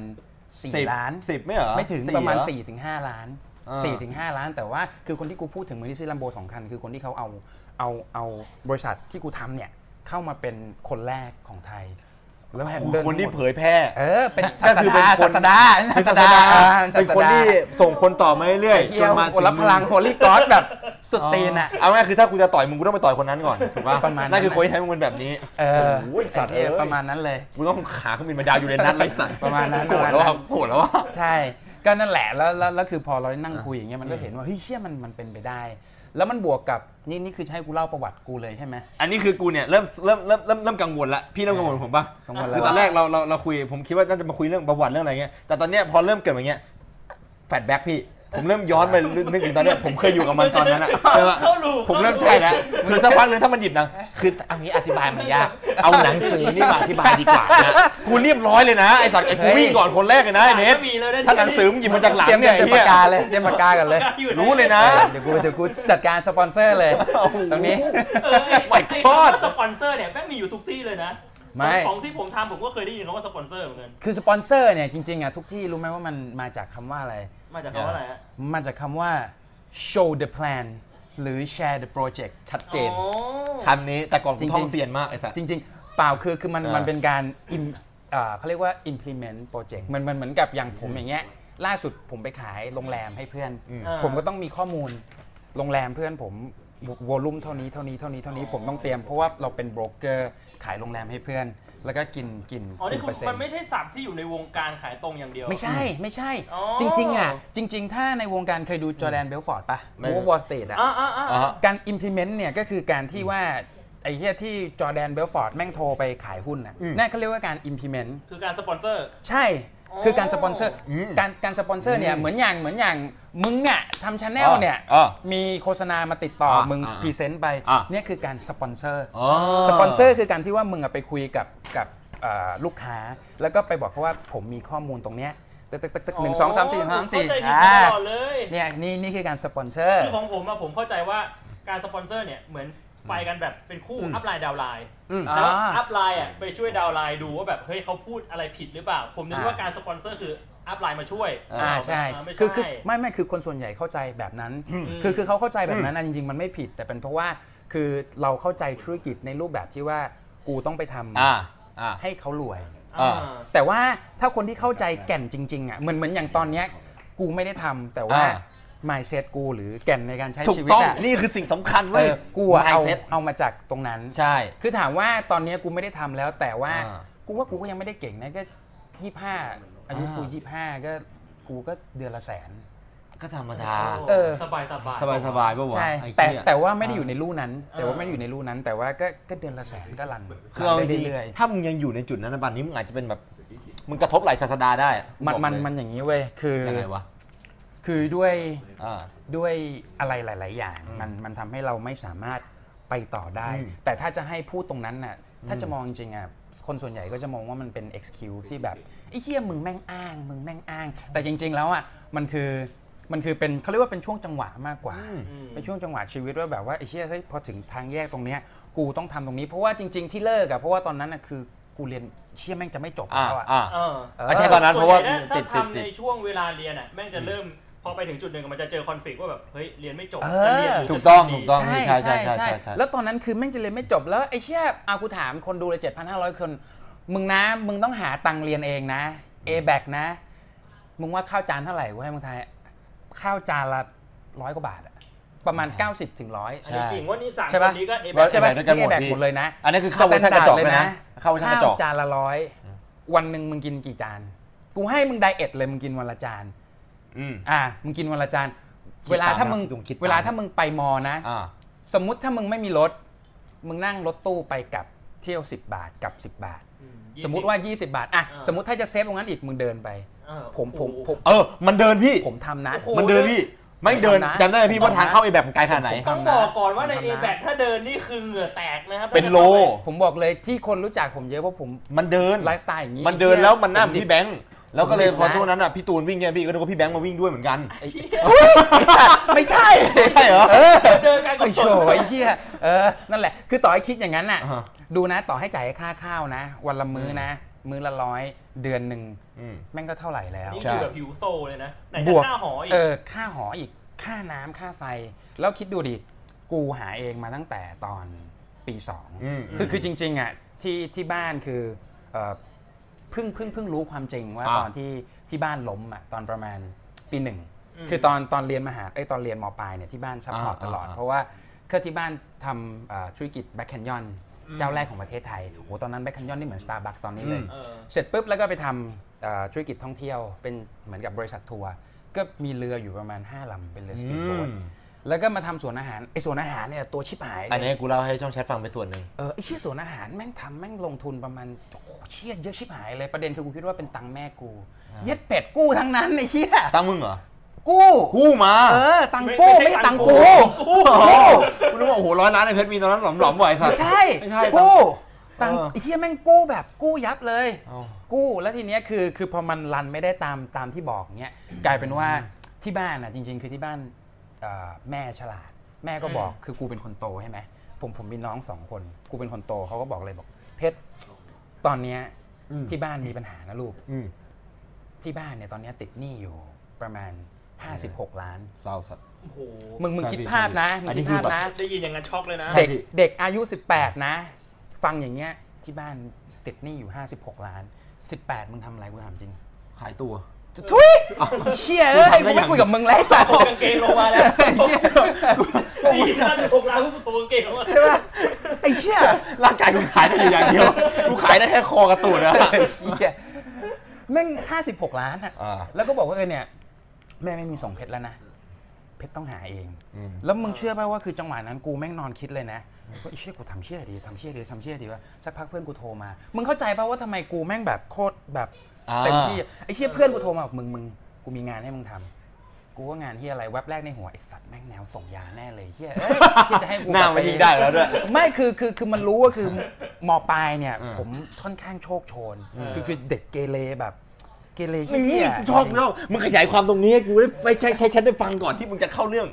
Speaker 1: สิบ
Speaker 4: 4 ล้าน
Speaker 1: สิบไม่เหรอ
Speaker 4: ไม่ถึง
Speaker 1: สี่
Speaker 4: ประมาณ
Speaker 1: เหอ
Speaker 4: 4 ถึง 5 ล้าน
Speaker 1: อ่า
Speaker 4: 4 ถึง 5 ล้าน แต่ว่าคือคนที่กูพูดถึงมือที่ซื้อลัมโบสองคัน คือคนที่เขาเอาเอาเอาบริษัทที่กูทำเนี่ย เข้ามาเป็นคนแรกของไทย แล้วแฮมเดิล
Speaker 1: คนที่
Speaker 4: ทั้งหม
Speaker 1: เผ
Speaker 4: ด
Speaker 1: ยแพร่
Speaker 4: เออ เป็นศา
Speaker 1: ก็
Speaker 4: ส
Speaker 1: คือเป็
Speaker 4: ดาน
Speaker 1: คน
Speaker 4: ศาสดา
Speaker 1: เป็นศาส
Speaker 4: ศา
Speaker 1: ดา
Speaker 4: ศา
Speaker 1: เป็น
Speaker 4: ส
Speaker 1: คน
Speaker 4: ดา
Speaker 1: ที่ส่งคนต่อมาเรื่อยๆจ
Speaker 4: เกี่ย
Speaker 1: น
Speaker 4: ว
Speaker 1: มา
Speaker 4: คนรับพลังโฮลี่กอดแบบสุดตีนอ่ะ
Speaker 1: เอาง่ายคือถ้ากูจะต่อยมึงกูต้องไปต่อยคนนั้นก่อนถูกป่ะ
Speaker 4: ประมาณนั้น
Speaker 1: นั่นคือคนที่ใช้มึงเป็นแบบนี้
Speaker 4: เออ
Speaker 1: โอ้ยสัตว์เอ้ย
Speaker 4: ประมาณนั้นเลย
Speaker 1: กูต้องขาขึ้นบินมาดาวอยู่ในนั้นไรสัตว์
Speaker 4: ประมาณนั้น
Speaker 1: โกรธแล้ว
Speaker 4: ประมาณนั้
Speaker 1: อะ
Speaker 4: น
Speaker 1: โกรธแล้วอะ
Speaker 4: ใช่ ก็นั่นแหละ แล้วแล้วแล้วคือพอเราได้นั่งคุยอย่างเงี้ยมันก็เห็นว่าเฮ้ยเชี่ยมันมันเป็นไปได้ แล้วมันบวกกับนี่นี่คือจะใช่กูเล่าประวัติกูเลยใช่ไหม
Speaker 1: อันนี้คือกูเนี่ยเริ่มเริ่มเริ่มเริ่มเริ่มกังวลละพี่เริ่มกังวลผมป่ะ
Speaker 4: กังวลแล้ว
Speaker 1: คือตอนแรกเราเราเราคุยผมคิดว่าน่าจะมาคุยเรื่องประวัติเรื่องอะไรเงี้ยแต่ตอนเนี้ยพอเริ่มเกิดอย่างเงี้ยแฟดแบ็กพี่ ผมเริ่มย้อน ไปนึกถึงตอนเนี้ยผมเคยอยู่กับมันตอนนั้นอะใช่ปะ
Speaker 2: เข้ารูป
Speaker 1: ผมเริ่มใช่แล้วคือสักพักเลยถ้ามันหยิบหนังคือเอางี้อธิบายมันยากเอาหนังสือนี่มาอธิบายดีกว่านะกูเรียบร้อยเลยนะไอ้สัตว์ไอ้กูวิ่งก่อนคนแรกเลยนะไอ้เนส
Speaker 2: ก็มีแล้วะ
Speaker 1: ถ้าหนังสือมันหยิบมาจากหลัง
Speaker 4: เตรียม
Speaker 1: เนี่ย
Speaker 4: เตรี
Speaker 1: ไอ้
Speaker 4: ยม
Speaker 1: เหี้
Speaker 4: ปาย กกาเลยเตรียมปากกากันเลย
Speaker 2: อยู่
Speaker 1: รู้เลยนะ
Speaker 4: เออเดี๋ยวกูเดี๋ยวกูจัดการสปอนเซอร์เลย ตรงนี้
Speaker 2: เออไอ้
Speaker 1: My
Speaker 2: ไอ้
Speaker 1: God
Speaker 2: คำว่าสปอนเซอร์เนี่ยแม่งมีอยู่ทุกที่เลยนะ
Speaker 4: ไม่
Speaker 2: ของที่ผมทำผมก็เคยได้ยินคำว่าสปอนเซอร์เหมือนกัน
Speaker 4: คือสปอนเซอร์เนี่ยจริงๆอ่ะทุกที่รู้ไหมว่ามันมาจากคำว่าอะไร
Speaker 2: มาจากคำว่าอะไรฮะ
Speaker 4: มาจากคำว่า show the plan หรือ share the project
Speaker 1: ชัดเจน
Speaker 2: อ๋อ
Speaker 1: คำนี้แต่ก่อนกูท่องเสียนมากไอ้สัตว์
Speaker 4: จริงๆ เปล่าคือคือมัน
Speaker 1: เออ
Speaker 4: มันเป็นการ im- อ่าเขาเรียกว่า implement project มันมันเหมือนกับอย่างผมอย่างเงี้ยล่าสุดผมไปขายโรงแรมให้เพื่อน
Speaker 1: อืม
Speaker 4: ผมก็ต้องมีข้อมูลโรงแรมเพื่อนผมวอลลุ่มเท่านี้เท่านี้เท่านี้เท่านี้ผมต้องเตรียมเพราะว่าเราเป็นโบรกเกอร์ขายโรงแรมให้เพื่อน แล้วก็กินกิน
Speaker 2: อ๋อ
Speaker 4: กิ
Speaker 2: นี่
Speaker 4: น
Speaker 2: คื
Speaker 4: เป
Speaker 2: อ
Speaker 4: อร์เซ็น
Speaker 2: มัน
Speaker 4: ต์
Speaker 2: ไม่ใช่ศัพท์ที่อยู่ในวงการขายตรงอย่างเดียว
Speaker 4: ไม่ใช่ไม่ใช่
Speaker 2: อ๋อ
Speaker 4: จริง ๆ อ่ะ จริง ๆ ถ้าในวงการเคยดูจอร์แดนเบลฟอร์ดปะ
Speaker 1: ไม่
Speaker 4: มูฟวอลสตรีทอ่ะ
Speaker 2: อ่าอ่าอ่า
Speaker 1: อ่าฮะ
Speaker 4: การ implement เนี่ยก็คือการที่ว่าไอ้เหี้ยที่จอร์แดนเบลฟอร์ดแม่งโทรไปขายหุ้นน่ะ
Speaker 1: อืม
Speaker 4: นั่นเขาเรียกว่าการ implement
Speaker 2: คือการสปอนเซอร์
Speaker 4: ใช่
Speaker 2: อ๋อ
Speaker 4: คือการสปอนเซอร์
Speaker 1: อืม
Speaker 4: การการสปอนเซอร์เนี่ยเหมือนอย่างเหมือนอย่างมึงเนี่ยทำชาแนล
Speaker 1: อ่า
Speaker 4: เนี่ย
Speaker 1: อ่า
Speaker 4: มีโฆษณามาติดต่ออา มึง
Speaker 1: อ่า
Speaker 4: พรีเซนต์ไป
Speaker 1: อ่า
Speaker 4: เนี่ยคือการสปอนเซอร์
Speaker 1: อ๋อ
Speaker 4: สปอนเซอร์คือการที่ว่ามึงอะไปคุยกับกับเอ่อลูกค้า แล้วก็ไปบอกเขาว่าผมมีข้อมูลตรงเนี้ยตึกตึกตึกตึกหนึ่งสองสามสี่ห้าหกสี่
Speaker 2: เข้าใจผิด
Speaker 4: อ่า
Speaker 2: ตลอดเลย
Speaker 4: เนี่ยนี่นี่คือการสปอนเซอร์
Speaker 2: คือของผมอะผมเข้าใจว่าการสปอนเซอร์เนี่ยเหมือนไปกันแบบเป็นคู่
Speaker 1: อืม
Speaker 2: อัพไลน์ดาวไลน์
Speaker 1: อืม
Speaker 2: แล้ว
Speaker 4: อ่า
Speaker 2: อัพไลน์อะไปช่วยดาวไลน์ดูว่าแบบเฮ้ยเขาพูดอะไรผิดหรือเปล่า ผมนึก
Speaker 4: อ่า
Speaker 2: ว่าการสปอนเซอร์คืออัพไลน์มาช่วย
Speaker 4: อ่าใช่
Speaker 2: ไม่
Speaker 4: คือ
Speaker 2: ใช่
Speaker 4: คือไม่ไม่คือคนส่วนใหญ่เข้าใจแบบนั้น
Speaker 1: อืม
Speaker 4: คือคือเขาเข้าใจแบบนั้นนะจริง ๆ มันไม่ผิด แต่เป็นเพราะว่าคือเราเข้าใจธุรกิจในรูปแบบที่ว่ากูต้องไปทำ
Speaker 1: อ่าอ่า
Speaker 4: ให้เขารวย
Speaker 1: อ่า
Speaker 4: แต่ว่าถ้าคนที่เข้าใจแก่นจริง ๆ อ่ะเหมือนเหมือนอย่างตอนเนี้ยกูไม่ได้ทำแต่ว่า
Speaker 1: อ่า
Speaker 4: mindset กูหรือแก่นในการใช้
Speaker 1: ถูก
Speaker 4: ชีวิต
Speaker 1: ต้อง
Speaker 4: อ่ะ
Speaker 1: นี่คือสิ่งสำคัญ
Speaker 4: เอ
Speaker 1: เว้ย
Speaker 4: อกูอะเอา
Speaker 1: เซ็ต
Speaker 4: เอามาจากตรงนั้น
Speaker 1: ใช่
Speaker 4: คือถามว่าตอนเนี้ยกูไม่ได้ทำแล้วแต่ว่า
Speaker 1: อ่า
Speaker 4: กูว่ากูก็ยังไม่ได้เก่งนะก็ยี่ห้าอายุกู
Speaker 1: อ่า
Speaker 4: ยี่ห้าก็กูก็เดือนละแสน
Speaker 1: ก็ธรรมดา
Speaker 4: เออ
Speaker 2: สบายสบาย
Speaker 1: สบายสบายป่าววะ
Speaker 4: ใช่
Speaker 1: ไอ้เหี้ย
Speaker 4: แต่แต่ว่าไม่ได้อยู่ในรูนั้น
Speaker 2: อ่า
Speaker 4: แต่ว่าไม่ได้อยู่ในรูนั้น แต่ว่าก็ก็เดือนละแสนก็รัน
Speaker 1: คือเอา
Speaker 4: รั
Speaker 1: จ
Speaker 4: น
Speaker 1: ริ
Speaker 4: ได้
Speaker 1: ง
Speaker 4: เรื่อย
Speaker 1: ๆถ้ามึงยังอยู่ในจุดนั้นนะบัดนี้มึงอาจจะเป็นแบบ มึงกระทบหลายศาสดาได้อะ
Speaker 4: ๆมันมัน
Speaker 1: บอกเลย
Speaker 4: มันอย่างนี้เว้ยคือ
Speaker 1: ยังไงวะ
Speaker 4: คือด้วย
Speaker 1: อ่า
Speaker 4: ด้วยอะไรหลาย ๆ อย่าง มันมันทำให้เราไม่สามารถไปต่อได้
Speaker 1: อืม
Speaker 4: แต่ถ้าจะให้พูดตรงนั้นน่ะถ้าจะมองจริงๆอ่ะคนส่วนใหญ่ก็จะมองว่ามันเป็น excuse ที่แบบไอ้เหี้ยมึงแม่งอ้าง มึงแม่งอ้าง แต่จริง ๆ แล้วอ่ะมันคือมันคือเป็นเขาเรียกว่าเป็นช่วงจังหวะมากกว่า
Speaker 1: อืม
Speaker 4: เป็นช่วงจังหวะชีวิตว่าแบบว่าไอ้เชี่ยเฮ้ยพอถึงทางแยกตรงเนี้ยกูต้องทำตรงนี้ เพราะว่าจริง ๆ ที่เลิกอะเพราะว่าตอนนั้นอะคือ กูเรียนเชี่ยแม่งจะไม่จบแล้วอ่ะ
Speaker 1: อ่า
Speaker 2: เออ
Speaker 4: เออ
Speaker 1: ไม่ใช่ตอนนั้นเพราะว่า
Speaker 2: ส่ใหญ่ถ้า
Speaker 1: ติด
Speaker 2: ถ้า
Speaker 1: ติด
Speaker 2: ทำ
Speaker 1: ติ
Speaker 2: ใน
Speaker 1: ด
Speaker 2: ช่วงเวลาเรียนอ่ะแม่งจะเริ่มพอไปถึงจุดหนึ่งอะมันจะเจอคอนฟ lict ว่าแบบเฮ้ยเรียนไม่จบ
Speaker 4: เอ
Speaker 2: จะ
Speaker 4: อ
Speaker 2: เรียนหรืจะ
Speaker 1: ถูกต้อง
Speaker 2: ทำดี
Speaker 1: ถูกต้อง ใช่ใช่ใช่ใช่ใช่
Speaker 4: แล้วตอนนั้นคือแม่งจะเรียนไม่จบแล้วไอ้เชี่ยเอากูถามคนดูเลย7,500 คน มึงนะ มึงต้องหาตังค์เรียนเองนะ A b a c นะ มึงว่าข้าวจานเท่าไหร่กูให้มึงทายข้าวจานละร้อยกว่าบาทอะประมาณ 90ถึงร้อย
Speaker 2: อันนี้จริงว่านี่สาม
Speaker 4: ใช่
Speaker 2: ค
Speaker 4: ปะ
Speaker 2: นนี้ก็เอ
Speaker 1: ร้อย
Speaker 2: ใช่
Speaker 4: ใช่ไหม
Speaker 1: A-back ด้วยกันหมด
Speaker 4: A b a c หมดเลยนะ
Speaker 1: อันนี้คือเข้าเวอร์ชันกระจอกเลยนะ เข้าเวอร์ชันกระจอก
Speaker 4: ข้าวจานละร้อยวันหนึ่งมึงกินกี่จาน กูให้มึงไดเอทเลยมึงกินวันละจาน
Speaker 1: อืม
Speaker 4: อ่ะมึงกินวันละจาน
Speaker 1: คิด
Speaker 4: เวลาถ้า
Speaker 1: ตามนะ
Speaker 4: มึง
Speaker 1: ที่ผมคิดตาม
Speaker 4: เวลาถ้ามึงไปมอนะ
Speaker 1: อ่า
Speaker 4: สมมุติถ้ามึงไม่มีรถ มึงนั่งรถตู้ไปกลับเที่ยว 10 บาทกลับ 10 บาท
Speaker 2: อื
Speaker 4: สมมุติว่า 20 บาทอ่ะ
Speaker 2: อ่า
Speaker 4: สมมุติถ้าจะเซฟตรงนั้นอีกมึงเดินไป
Speaker 2: เออ
Speaker 4: ผมผมผม
Speaker 1: เออ มันเดินพี่
Speaker 4: ผมทำนะ
Speaker 2: โอ้โห
Speaker 1: มันเดินพี่ไม่งเดิน
Speaker 4: ผมทำนะ
Speaker 1: จำได้ไหมพี่
Speaker 4: ผม
Speaker 1: ว่า
Speaker 4: ทำนะ
Speaker 1: ทางเข้าไอแบบมันไกลขนาดไหน
Speaker 2: ต้องบอกก่อนว่าใน
Speaker 4: ผม
Speaker 2: เอ
Speaker 4: ทำนะ
Speaker 2: แบกถ้าเดินนี่คือเหงื่อแตกนะครับ
Speaker 1: เป็นโล
Speaker 4: ผมบอกเลยที่คนรู้จักผมเยอะเพราะผม
Speaker 1: มันเดิน
Speaker 4: ไลฟ์สไตล์อย่างนี้
Speaker 1: มันเดิน
Speaker 4: ไอ้หี้ย
Speaker 1: แล้วมันหน้าเหมือน
Speaker 4: ผดิบ
Speaker 1: พี่แบงค์แล้วก็เลย
Speaker 4: ผม
Speaker 1: พอ
Speaker 4: ดิบนะ
Speaker 1: ช่วงนั้นอ่ะพี่ตูนวิ่งเนี่ยพี่ก็นึกว่าพี่แบงค์มาวิ่งด้วยเหมือนกัน
Speaker 4: ไอ้สัตว์ไม่ ใช่
Speaker 1: ใช่เหรอ
Speaker 2: เดินกันก็
Speaker 4: ไอ้
Speaker 2: ส
Speaker 4: โช
Speaker 2: ด
Speaker 4: ไอ้เหี้ยเออ นั่นแหละ คือต่อให้คิดอย่างนั้นน่ะ
Speaker 1: อ่าฮะ
Speaker 4: ดูนะ ต่อให้จ่ายค่าข้าวนะ วันละมื้อนะ มื้อละร้อยเดือนหนึ่ง
Speaker 1: อืม
Speaker 4: แม่งก็เท่าไหร่แล้ว
Speaker 2: นี่
Speaker 1: ใช่
Speaker 2: คือแบบหิวโซเลยนะไหน
Speaker 4: บ
Speaker 2: จะ
Speaker 4: วก
Speaker 2: ค่าหออีก
Speaker 4: เออ ค่าหออีก ค่าน้ำค่าไฟ แล้วคิดดูดิ กูหาเองมาตั้งแต่ตอนปีสอง
Speaker 1: อืม
Speaker 4: คือคือจริงๆอ่ะที่ที่บ้านคือเอ่อเพิ่งเพิ่งเพิ่งรู้ความจริงว่า
Speaker 1: อ่า
Speaker 4: ตอนที่ที่บ้านล้มอ่ะตอนประมาณปีหนึ่งคือตอนตอนเรียนมหาไอยตอนเรียนมปลายเนี่ยที่บ้านซัพพอร์ตตลอด เพราะว่าก็ที่บ้านทำเอ่อธุรกิจแบ็คแคนยอนเจ้าแรกของประเทศไทยโอ้โหตอนนั้นแบ็คแคนยอนนี่เหมือนสตาร์บัคตอนนี้เลย
Speaker 2: เออ
Speaker 4: เสร็จปุ๊บแล้วก็ไปทำเอ่อธุรกิจท่องเที่ยวเป็นเหมือนกับบริษัททัวร์ก็มีเรืออยู่ประมาณ 5ลำเป็นเรือสปีดโบ๊ท
Speaker 1: อืม
Speaker 4: แล้วก็มาทำสวนอาหารไอสวนอาหารเนี่ยตัวชิบหายเลย
Speaker 1: อันนี้กูเล่าให้ช่องแชทฟังไปส่วนหนึ่ง
Speaker 4: เออไอเชี่ยสวนอาหารแม่งทำแม่งลงทุนประมาณโอ้โหเชี่ยเยอะชิบหายเลยประเด็นคือกูคิดว่าเป็นตังค์แม่กู เย็ดเป็ดกู้ทั้งนั้นไอ้เชี่ย
Speaker 1: ตั้งมึงเหรอ
Speaker 4: กู้
Speaker 1: กู้มา
Speaker 4: เออ ตังค์กู้
Speaker 2: ไม่
Speaker 4: ไม่
Speaker 2: ใช่
Speaker 4: ใช่
Speaker 2: ตั
Speaker 4: ตั
Speaker 2: ง
Speaker 4: ง
Speaker 2: ค์
Speaker 4: ค์
Speaker 2: กู
Speaker 4: กูกู้
Speaker 1: กูนึกว่าโอ้โหร้อยล้านไอเพชรมีตอนนั้นหลอมหลอมๆว่ะไอ้สัตว์
Speaker 4: ใช่
Speaker 1: ไม่ใช่
Speaker 4: กู้
Speaker 1: ตั
Speaker 4: ตั
Speaker 1: ง
Speaker 4: ง
Speaker 1: ค์
Speaker 4: ค์
Speaker 1: เออ
Speaker 4: ไอ้เชี่ยแม่งกู้แบบกู้ยับเลย
Speaker 1: เอา
Speaker 4: กู้แล้วทีเนี้ยคือคือพอมันรันไม่ได้ตามตามที่บอกเนี้ยกลายเป็นว่าที่บ้านอ่ะจริง ๆ คือที่บ้านเอ่อแม่ฉลาด แม่ก็บอกคือกูเป็นคนโตใช่ไหมผมผมมีน้องสองคน กูเป็นคนโตเขาก็บอกเลยบอก เพชรตอนเนี้ย
Speaker 1: อืม
Speaker 4: ที่บ้านมีปัญหานะลูก
Speaker 1: อืม
Speaker 4: ที่บ้านเนี่ยตอนเนี้ยติดหนี้อยู่ประมาณ 56 ล้าน
Speaker 1: เศร้าสัตว์
Speaker 2: โอ้โห
Speaker 4: มึงมึง
Speaker 1: ใช่
Speaker 4: คิด
Speaker 1: พี่
Speaker 4: ภาพนะมึ
Speaker 1: อั
Speaker 4: ง
Speaker 1: นนี้
Speaker 4: คิด
Speaker 1: คือ
Speaker 4: ภาพนะ
Speaker 2: ได้ยินอย่างนั้นช็อกเลยนะ
Speaker 1: ใช่
Speaker 4: เด็ก
Speaker 1: พี่
Speaker 4: เด็กอายุ 18 นะ ฟังอย่างเงี้ยที่บ้านติดหนี้อยู่ 56 ล้าน 18 มึงทำอะไรกูถามจริง
Speaker 1: ขายตัว
Speaker 4: ทุยเชี่ยเอ้ยกูไม่คุยกับมึงแล้วไอ้สัส
Speaker 2: โอ้กางเกงลงมาแล้วได้ยินน่าจะหกล้านกูโถกางเกงลงมา
Speaker 4: ใช่ป่ะไอ้เชี่ย
Speaker 1: ร่างกายกูขายได้อยู่อย่างเดียว กูขายได้แค่คอกระตู ดนะ
Speaker 4: เหี้ยแม่ง 56 ล้านอะ
Speaker 1: อ่า
Speaker 4: แล้วก็บอกว่าเออเนี่ย แม่ไม่มีส่งเพชรแล้วนะ เพชรต้องหาเอง
Speaker 1: อืม
Speaker 4: แล้วมึงเชื่อป่ะว่าคือจังหวะนั้นกูแม่งนอนคิดเลยนะว่าไอ้เชี่ยกูทำเชี่ยดีทำเชี่ยดีทำเชี่ยดีวะสักพักเพื่อนกูโทรมา มึงเข้าใจป่ะว่าทำไมกูแม่งแบบโคตรแบบ
Speaker 1: อ่า
Speaker 4: เต็มที่ไอ้เชี่ยเพื่อนกูโทรมาบอกมึงมึงกูมีงานให้มึงทำกูว่างานเฮียอะไรแวบแรกในหัวไอ้สัตว์แม่งแนวส่งยาแน่เลยเฮียเอ้ยคิดจะให้กู
Speaker 1: หน้าไม่
Speaker 4: แบบป
Speaker 1: ยิงได้แล้วด้วย
Speaker 4: ไม่คือคือคือมันรู้ว่า คือมปลายเนี่ย
Speaker 1: อืม
Speaker 4: ผมค่อนข้างโชคโชน คือคือเด็กเกเรแบบ เกเรเหี้ย
Speaker 1: นี่ชอบเนาะมึงขยายความตรงนี้ให้กูได้ไปใช้ใช้ฉันได้ฟังก่อนที่มึงจะเข้าเรื่อง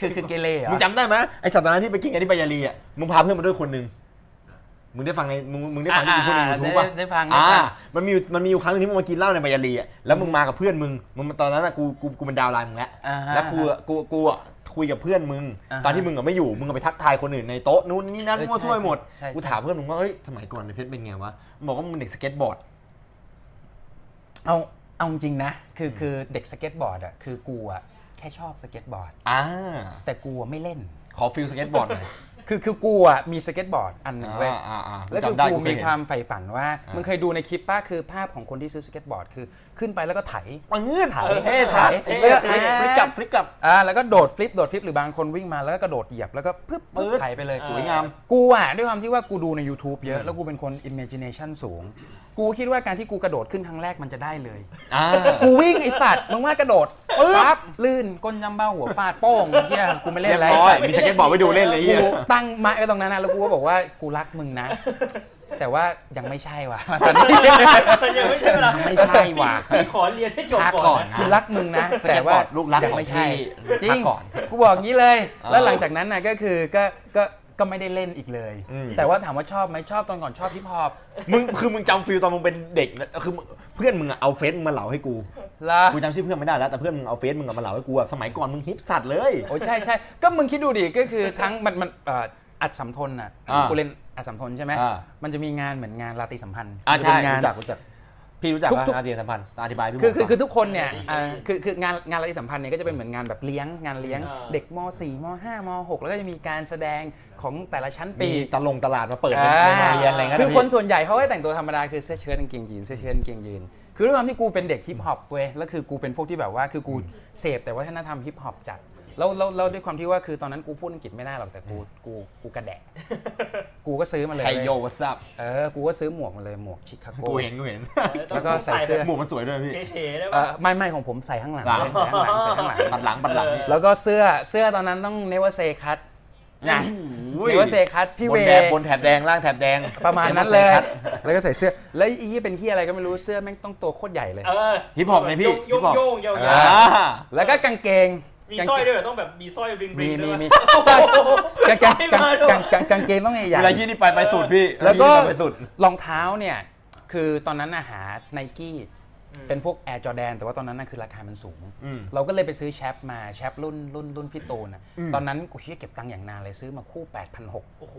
Speaker 4: คือคือเกเรเหร
Speaker 1: มึง
Speaker 4: อ่ะ
Speaker 1: จำได้ไหมไอสัปดาห์นั้นที่ไปกินกันที่ปายาลีอ่ะมึงพาเพื่อนมาด้วยคนหนึ่งมึงได้ฟังในมึงมึงได้ฟังที่มึงพูดในยูทูบ
Speaker 4: ได้
Speaker 1: ป่ะ
Speaker 4: ได้ฟังได้
Speaker 1: อ่า
Speaker 4: ฟัง
Speaker 1: มันมีอยู่มันมีอยู่ครั้งหนึงที่มึงมากินเหล้าในปายาลีอ่ะแล้วมึงมากับเพื่อนมึงมึงตอนนั้นอ่ะกูกูกูเป็นดาวไลน์มึงแล้ว
Speaker 4: อ่าฮะ
Speaker 1: แล้วกูอะกูกูอะคุยกับเพื่อนมึง
Speaker 4: อ่าฮะ
Speaker 1: ตอนที่มึงอะไม่อยู่มึงก็ไปทักทายคนอื่นในโต๊ะนู้นนี่นั่น
Speaker 4: เออ
Speaker 1: มั่วทั่วไปหมด
Speaker 4: ใช่ใช่
Speaker 1: กูถามเพื่อนมึงว่าเฮ้ยสมัยก่อนในเพชรเป็นไงวะมึงบอกว่ามึงเด็กสเก็ตบอร์ด
Speaker 4: เอาเอาจริงนะคือคือเด็กสเก็ตบอร์ดอ่ะคือกูอ่ะแค่ชอบสเก็ตบอร์ด
Speaker 1: อ่า
Speaker 4: แต่กูอะไม่เล่น
Speaker 1: ขอฟิลสเก็ตบอร์ดหน่อย
Speaker 4: คือคือกูอ่ะมีสเก็ตบอร์ดอันหนึ่งเว้ย
Speaker 1: อ่าอ่า
Speaker 4: แล้วคือ
Speaker 1: จำได้
Speaker 4: กู
Speaker 1: เย
Speaker 4: มี
Speaker 1: เห็น
Speaker 4: ความใฝ่ฝันว่า
Speaker 1: อ่ามึ
Speaker 4: มึงเคยดูในคลิปป้าคือภาพของคนที่ซื้อสเก็ตบอร์ดคือขึ้นไปแล้วก็ไถ
Speaker 1: ปึ้งถ่ายเท่
Speaker 4: ถ่าย
Speaker 1: เท่
Speaker 4: เลือก
Speaker 1: เท่
Speaker 4: อ่า
Speaker 1: ฟลิกกลับฟลิกกลับ
Speaker 4: อ่าแล้วก็โดดฟลิปโดดฟลิปหรือบางคนวิ่งมาแล้วก็กระโดดเหยียบแล้วก็ปึ๊บปึ๊บ
Speaker 1: ปึ๊ด
Speaker 4: ไถไปเลย
Speaker 1: สวยงาม
Speaker 4: กูอ่ะด้วยความที่ว่ากูดูใน YouTube เยอะ แล้วกูเป็นคน imagination สูง กูคิดว่าการที่กูกระโดดขึ้นครั้งแรกมันจะได้เลย
Speaker 1: อ่า
Speaker 4: กูวิ่งไอ้สัตว์มึงว่ากระโดดปั๊บลื่นก้นยำเบ้าหัวฟาดโป้งเฮียกูไม่เล่นอะไร
Speaker 1: เรียบร้อย
Speaker 4: ไอ้
Speaker 1: มีสเก็ตบอร์ดไว้ดูเล่นเลยเหี้
Speaker 4: สั
Speaker 1: ย
Speaker 4: ตว์กูตั้งไม้ไว้ตรงนั้นนะแล้วกูก็บอกว่ากูรักมึงนะ แต่ว่ายังไม่ใช่ว่ะตอนนี้
Speaker 2: มันยังไม่ใช่เวลา
Speaker 1: ไม่ใช่ว่ะ
Speaker 2: พี่ขอเรียนให้จบ
Speaker 1: พักก่
Speaker 2: ก่
Speaker 1: อ
Speaker 2: อน น
Speaker 1: นะ
Speaker 2: นะ
Speaker 4: กูรักมึงนะ
Speaker 1: สเก็
Speaker 4: แต่
Speaker 1: ตบ
Speaker 4: ว่า
Speaker 1: อร์ดลูกรัก
Speaker 4: ยังไม่ใช่
Speaker 1: ของพี่
Speaker 4: จริ
Speaker 1: พั
Speaker 4: ง
Speaker 1: กก่อน
Speaker 4: กูบอกงี้เลย
Speaker 1: เออ
Speaker 4: แล้วหลังจากนั้นน่ะก็คือก็ก็ก็ ก็ไม่ได้เล่นอีกเลย
Speaker 1: อืม
Speaker 4: แต่ว่าถามว่าชอบไหมชอบตอนก่อนชอบฮิปฮอป
Speaker 1: มึงคือมึงจำฟิลตอนมึงเป็นเด็กนะคือมึงเพื่อนมึงอะเอาเฟซมึงมาเหลาให้กู
Speaker 4: ละ
Speaker 1: กูจำชื่อเพื่อนไม่ได้แล้วแต่เพื่อนมึงเอาเฟซมึงอะมาเหลาให้กูอะสมัยก่อนมึงฮิปสัตว์เลย
Speaker 4: โอ้ใช่ใช่ก็มึงคิดดูดิก็คือทั้งมันมันเอ่ออัดสัมทนอ่ะ
Speaker 1: อ่ากู
Speaker 4: กูเล่นอัดสัมทนใช่ไหม
Speaker 1: อ่า
Speaker 4: มันจะมีงานเหมือนงานราตรีสัมพันธ์
Speaker 1: อ่ะ
Speaker 4: จะเป็
Speaker 1: ใช่
Speaker 4: นงาน
Speaker 1: รู้จักรู้จักพี่รู้จัก
Speaker 4: ทุก
Speaker 1: ป่ะ
Speaker 4: ทุก
Speaker 1: อาเดียนสัมพันธ์อธิบายพี่
Speaker 4: คือคือ
Speaker 1: หม
Speaker 4: คือทุกคนเนี่ยเอ่อคือคืองานงานระดับสัมพันธ์เนี่ยก็จะเป็นเหมือนงานแบบเลี้ยงงานเลี้ยง
Speaker 2: อ่า
Speaker 4: เด็กม .4 ม .5 ม .6 แล้วก็จะมีการแสดงของแต่ละชั้น
Speaker 1: มี
Speaker 4: ปี
Speaker 1: ตะลงตลาดมาเปิด
Speaker 4: อ่า
Speaker 1: เป็นโรงเรียนอะไรเงี้ย
Speaker 4: คือ
Speaker 1: นะ
Speaker 4: ค
Speaker 1: พี่
Speaker 4: นส่วนใหญ่เขาก็แต่งตัวธรรมดาคือเสื้อเชิ้ตกางเกงยีนเสื้อเชิ้ตกางเกงยีนคือด้วยความที่กูเป็นเด็กฮิปฮอปเว้ยแล้วคือกูเป็นพวกที่แบบว่าคือกูเสพแต่วัฒนธรรมฮิปฮอปจัดแล้วแล้วแล้วด้วยความที่ว่าคือตอนนั้นกูพูดอังกฤษไม่ได้หรอกแต่กูกูกูกระแดะกูก็ซื้อมาเลย
Speaker 1: ไทยโยวัสับ
Speaker 4: เออกูก็ซื้อหมวกมาเลยหมวกชิคาโก
Speaker 1: กูเห็นกูเห็น
Speaker 4: แล้วก็ใส่เสื้อ
Speaker 1: หมูมันสวยด้วยพี่
Speaker 2: เฉยๆได้
Speaker 4: เอ่
Speaker 2: ป่ะ
Speaker 4: อไม่ไม่ของผมใส่ข้างหลัง
Speaker 1: หลัง
Speaker 4: เลยใส่ข้างหลังใส่ข้างหลัง
Speaker 1: บัดหลังบัดหลังนี่
Speaker 4: แล้วก็เสื้อเสื้อตอนนั้นต้องเนวเซคัตนะ
Speaker 1: โอ้ย
Speaker 4: เนวเซคัตพี่
Speaker 1: บ
Speaker 4: เวน
Speaker 1: แดงบนแถบแดงล่างแถบแดง
Speaker 4: ประมาณนั้นเลย แล้วก็ใส่เสื้อ แล้วอีเหี้ยเป็นที่อะไรก็ไม่รู้เสื้อแม่งต้องตัวโคตรใหญ่เลย
Speaker 2: เออ
Speaker 1: ฮิปฮอปไงพี่
Speaker 2: โย
Speaker 1: ฮิป
Speaker 2: ง
Speaker 1: ฮอป
Speaker 2: โยงโยง
Speaker 1: อ่า
Speaker 4: แล้วก็กางเกง
Speaker 2: มี
Speaker 4: กาง
Speaker 2: สร้อยด้
Speaker 4: เก
Speaker 2: วย
Speaker 4: ง
Speaker 2: เหรอต้องแบบมีสร้อยริง
Speaker 4: มี
Speaker 2: ริงด้ว
Speaker 4: มี
Speaker 2: ย
Speaker 4: มี
Speaker 2: มี
Speaker 4: สร้อยกาง
Speaker 2: สร้
Speaker 4: กา
Speaker 2: อง ย
Speaker 4: กาง
Speaker 2: มาด้วย
Speaker 4: กางกางกางเกงต้องใหญ่
Speaker 1: เวลาที่นี่ไปไปสุดพี่
Speaker 4: แล้วก็
Speaker 1: เาที่นี่ไปสุด
Speaker 4: รองเท้าเนี่ย คือตอนนั้นน่ะหาไนกี้เป็นพวกแอร์จอแดนแต่ว่าตอนนั้นน่ะคือราคามันสูง
Speaker 1: อืม
Speaker 4: เราก็เลยไปซื้อแชปมาแชปรุ่นรุ่นรุ่นพี่โตนอ่ะตอนนั้นกูเฮียเก็บตังค์อย่างนานเลยซื้อมาคู่ 8,600
Speaker 2: โอ้โห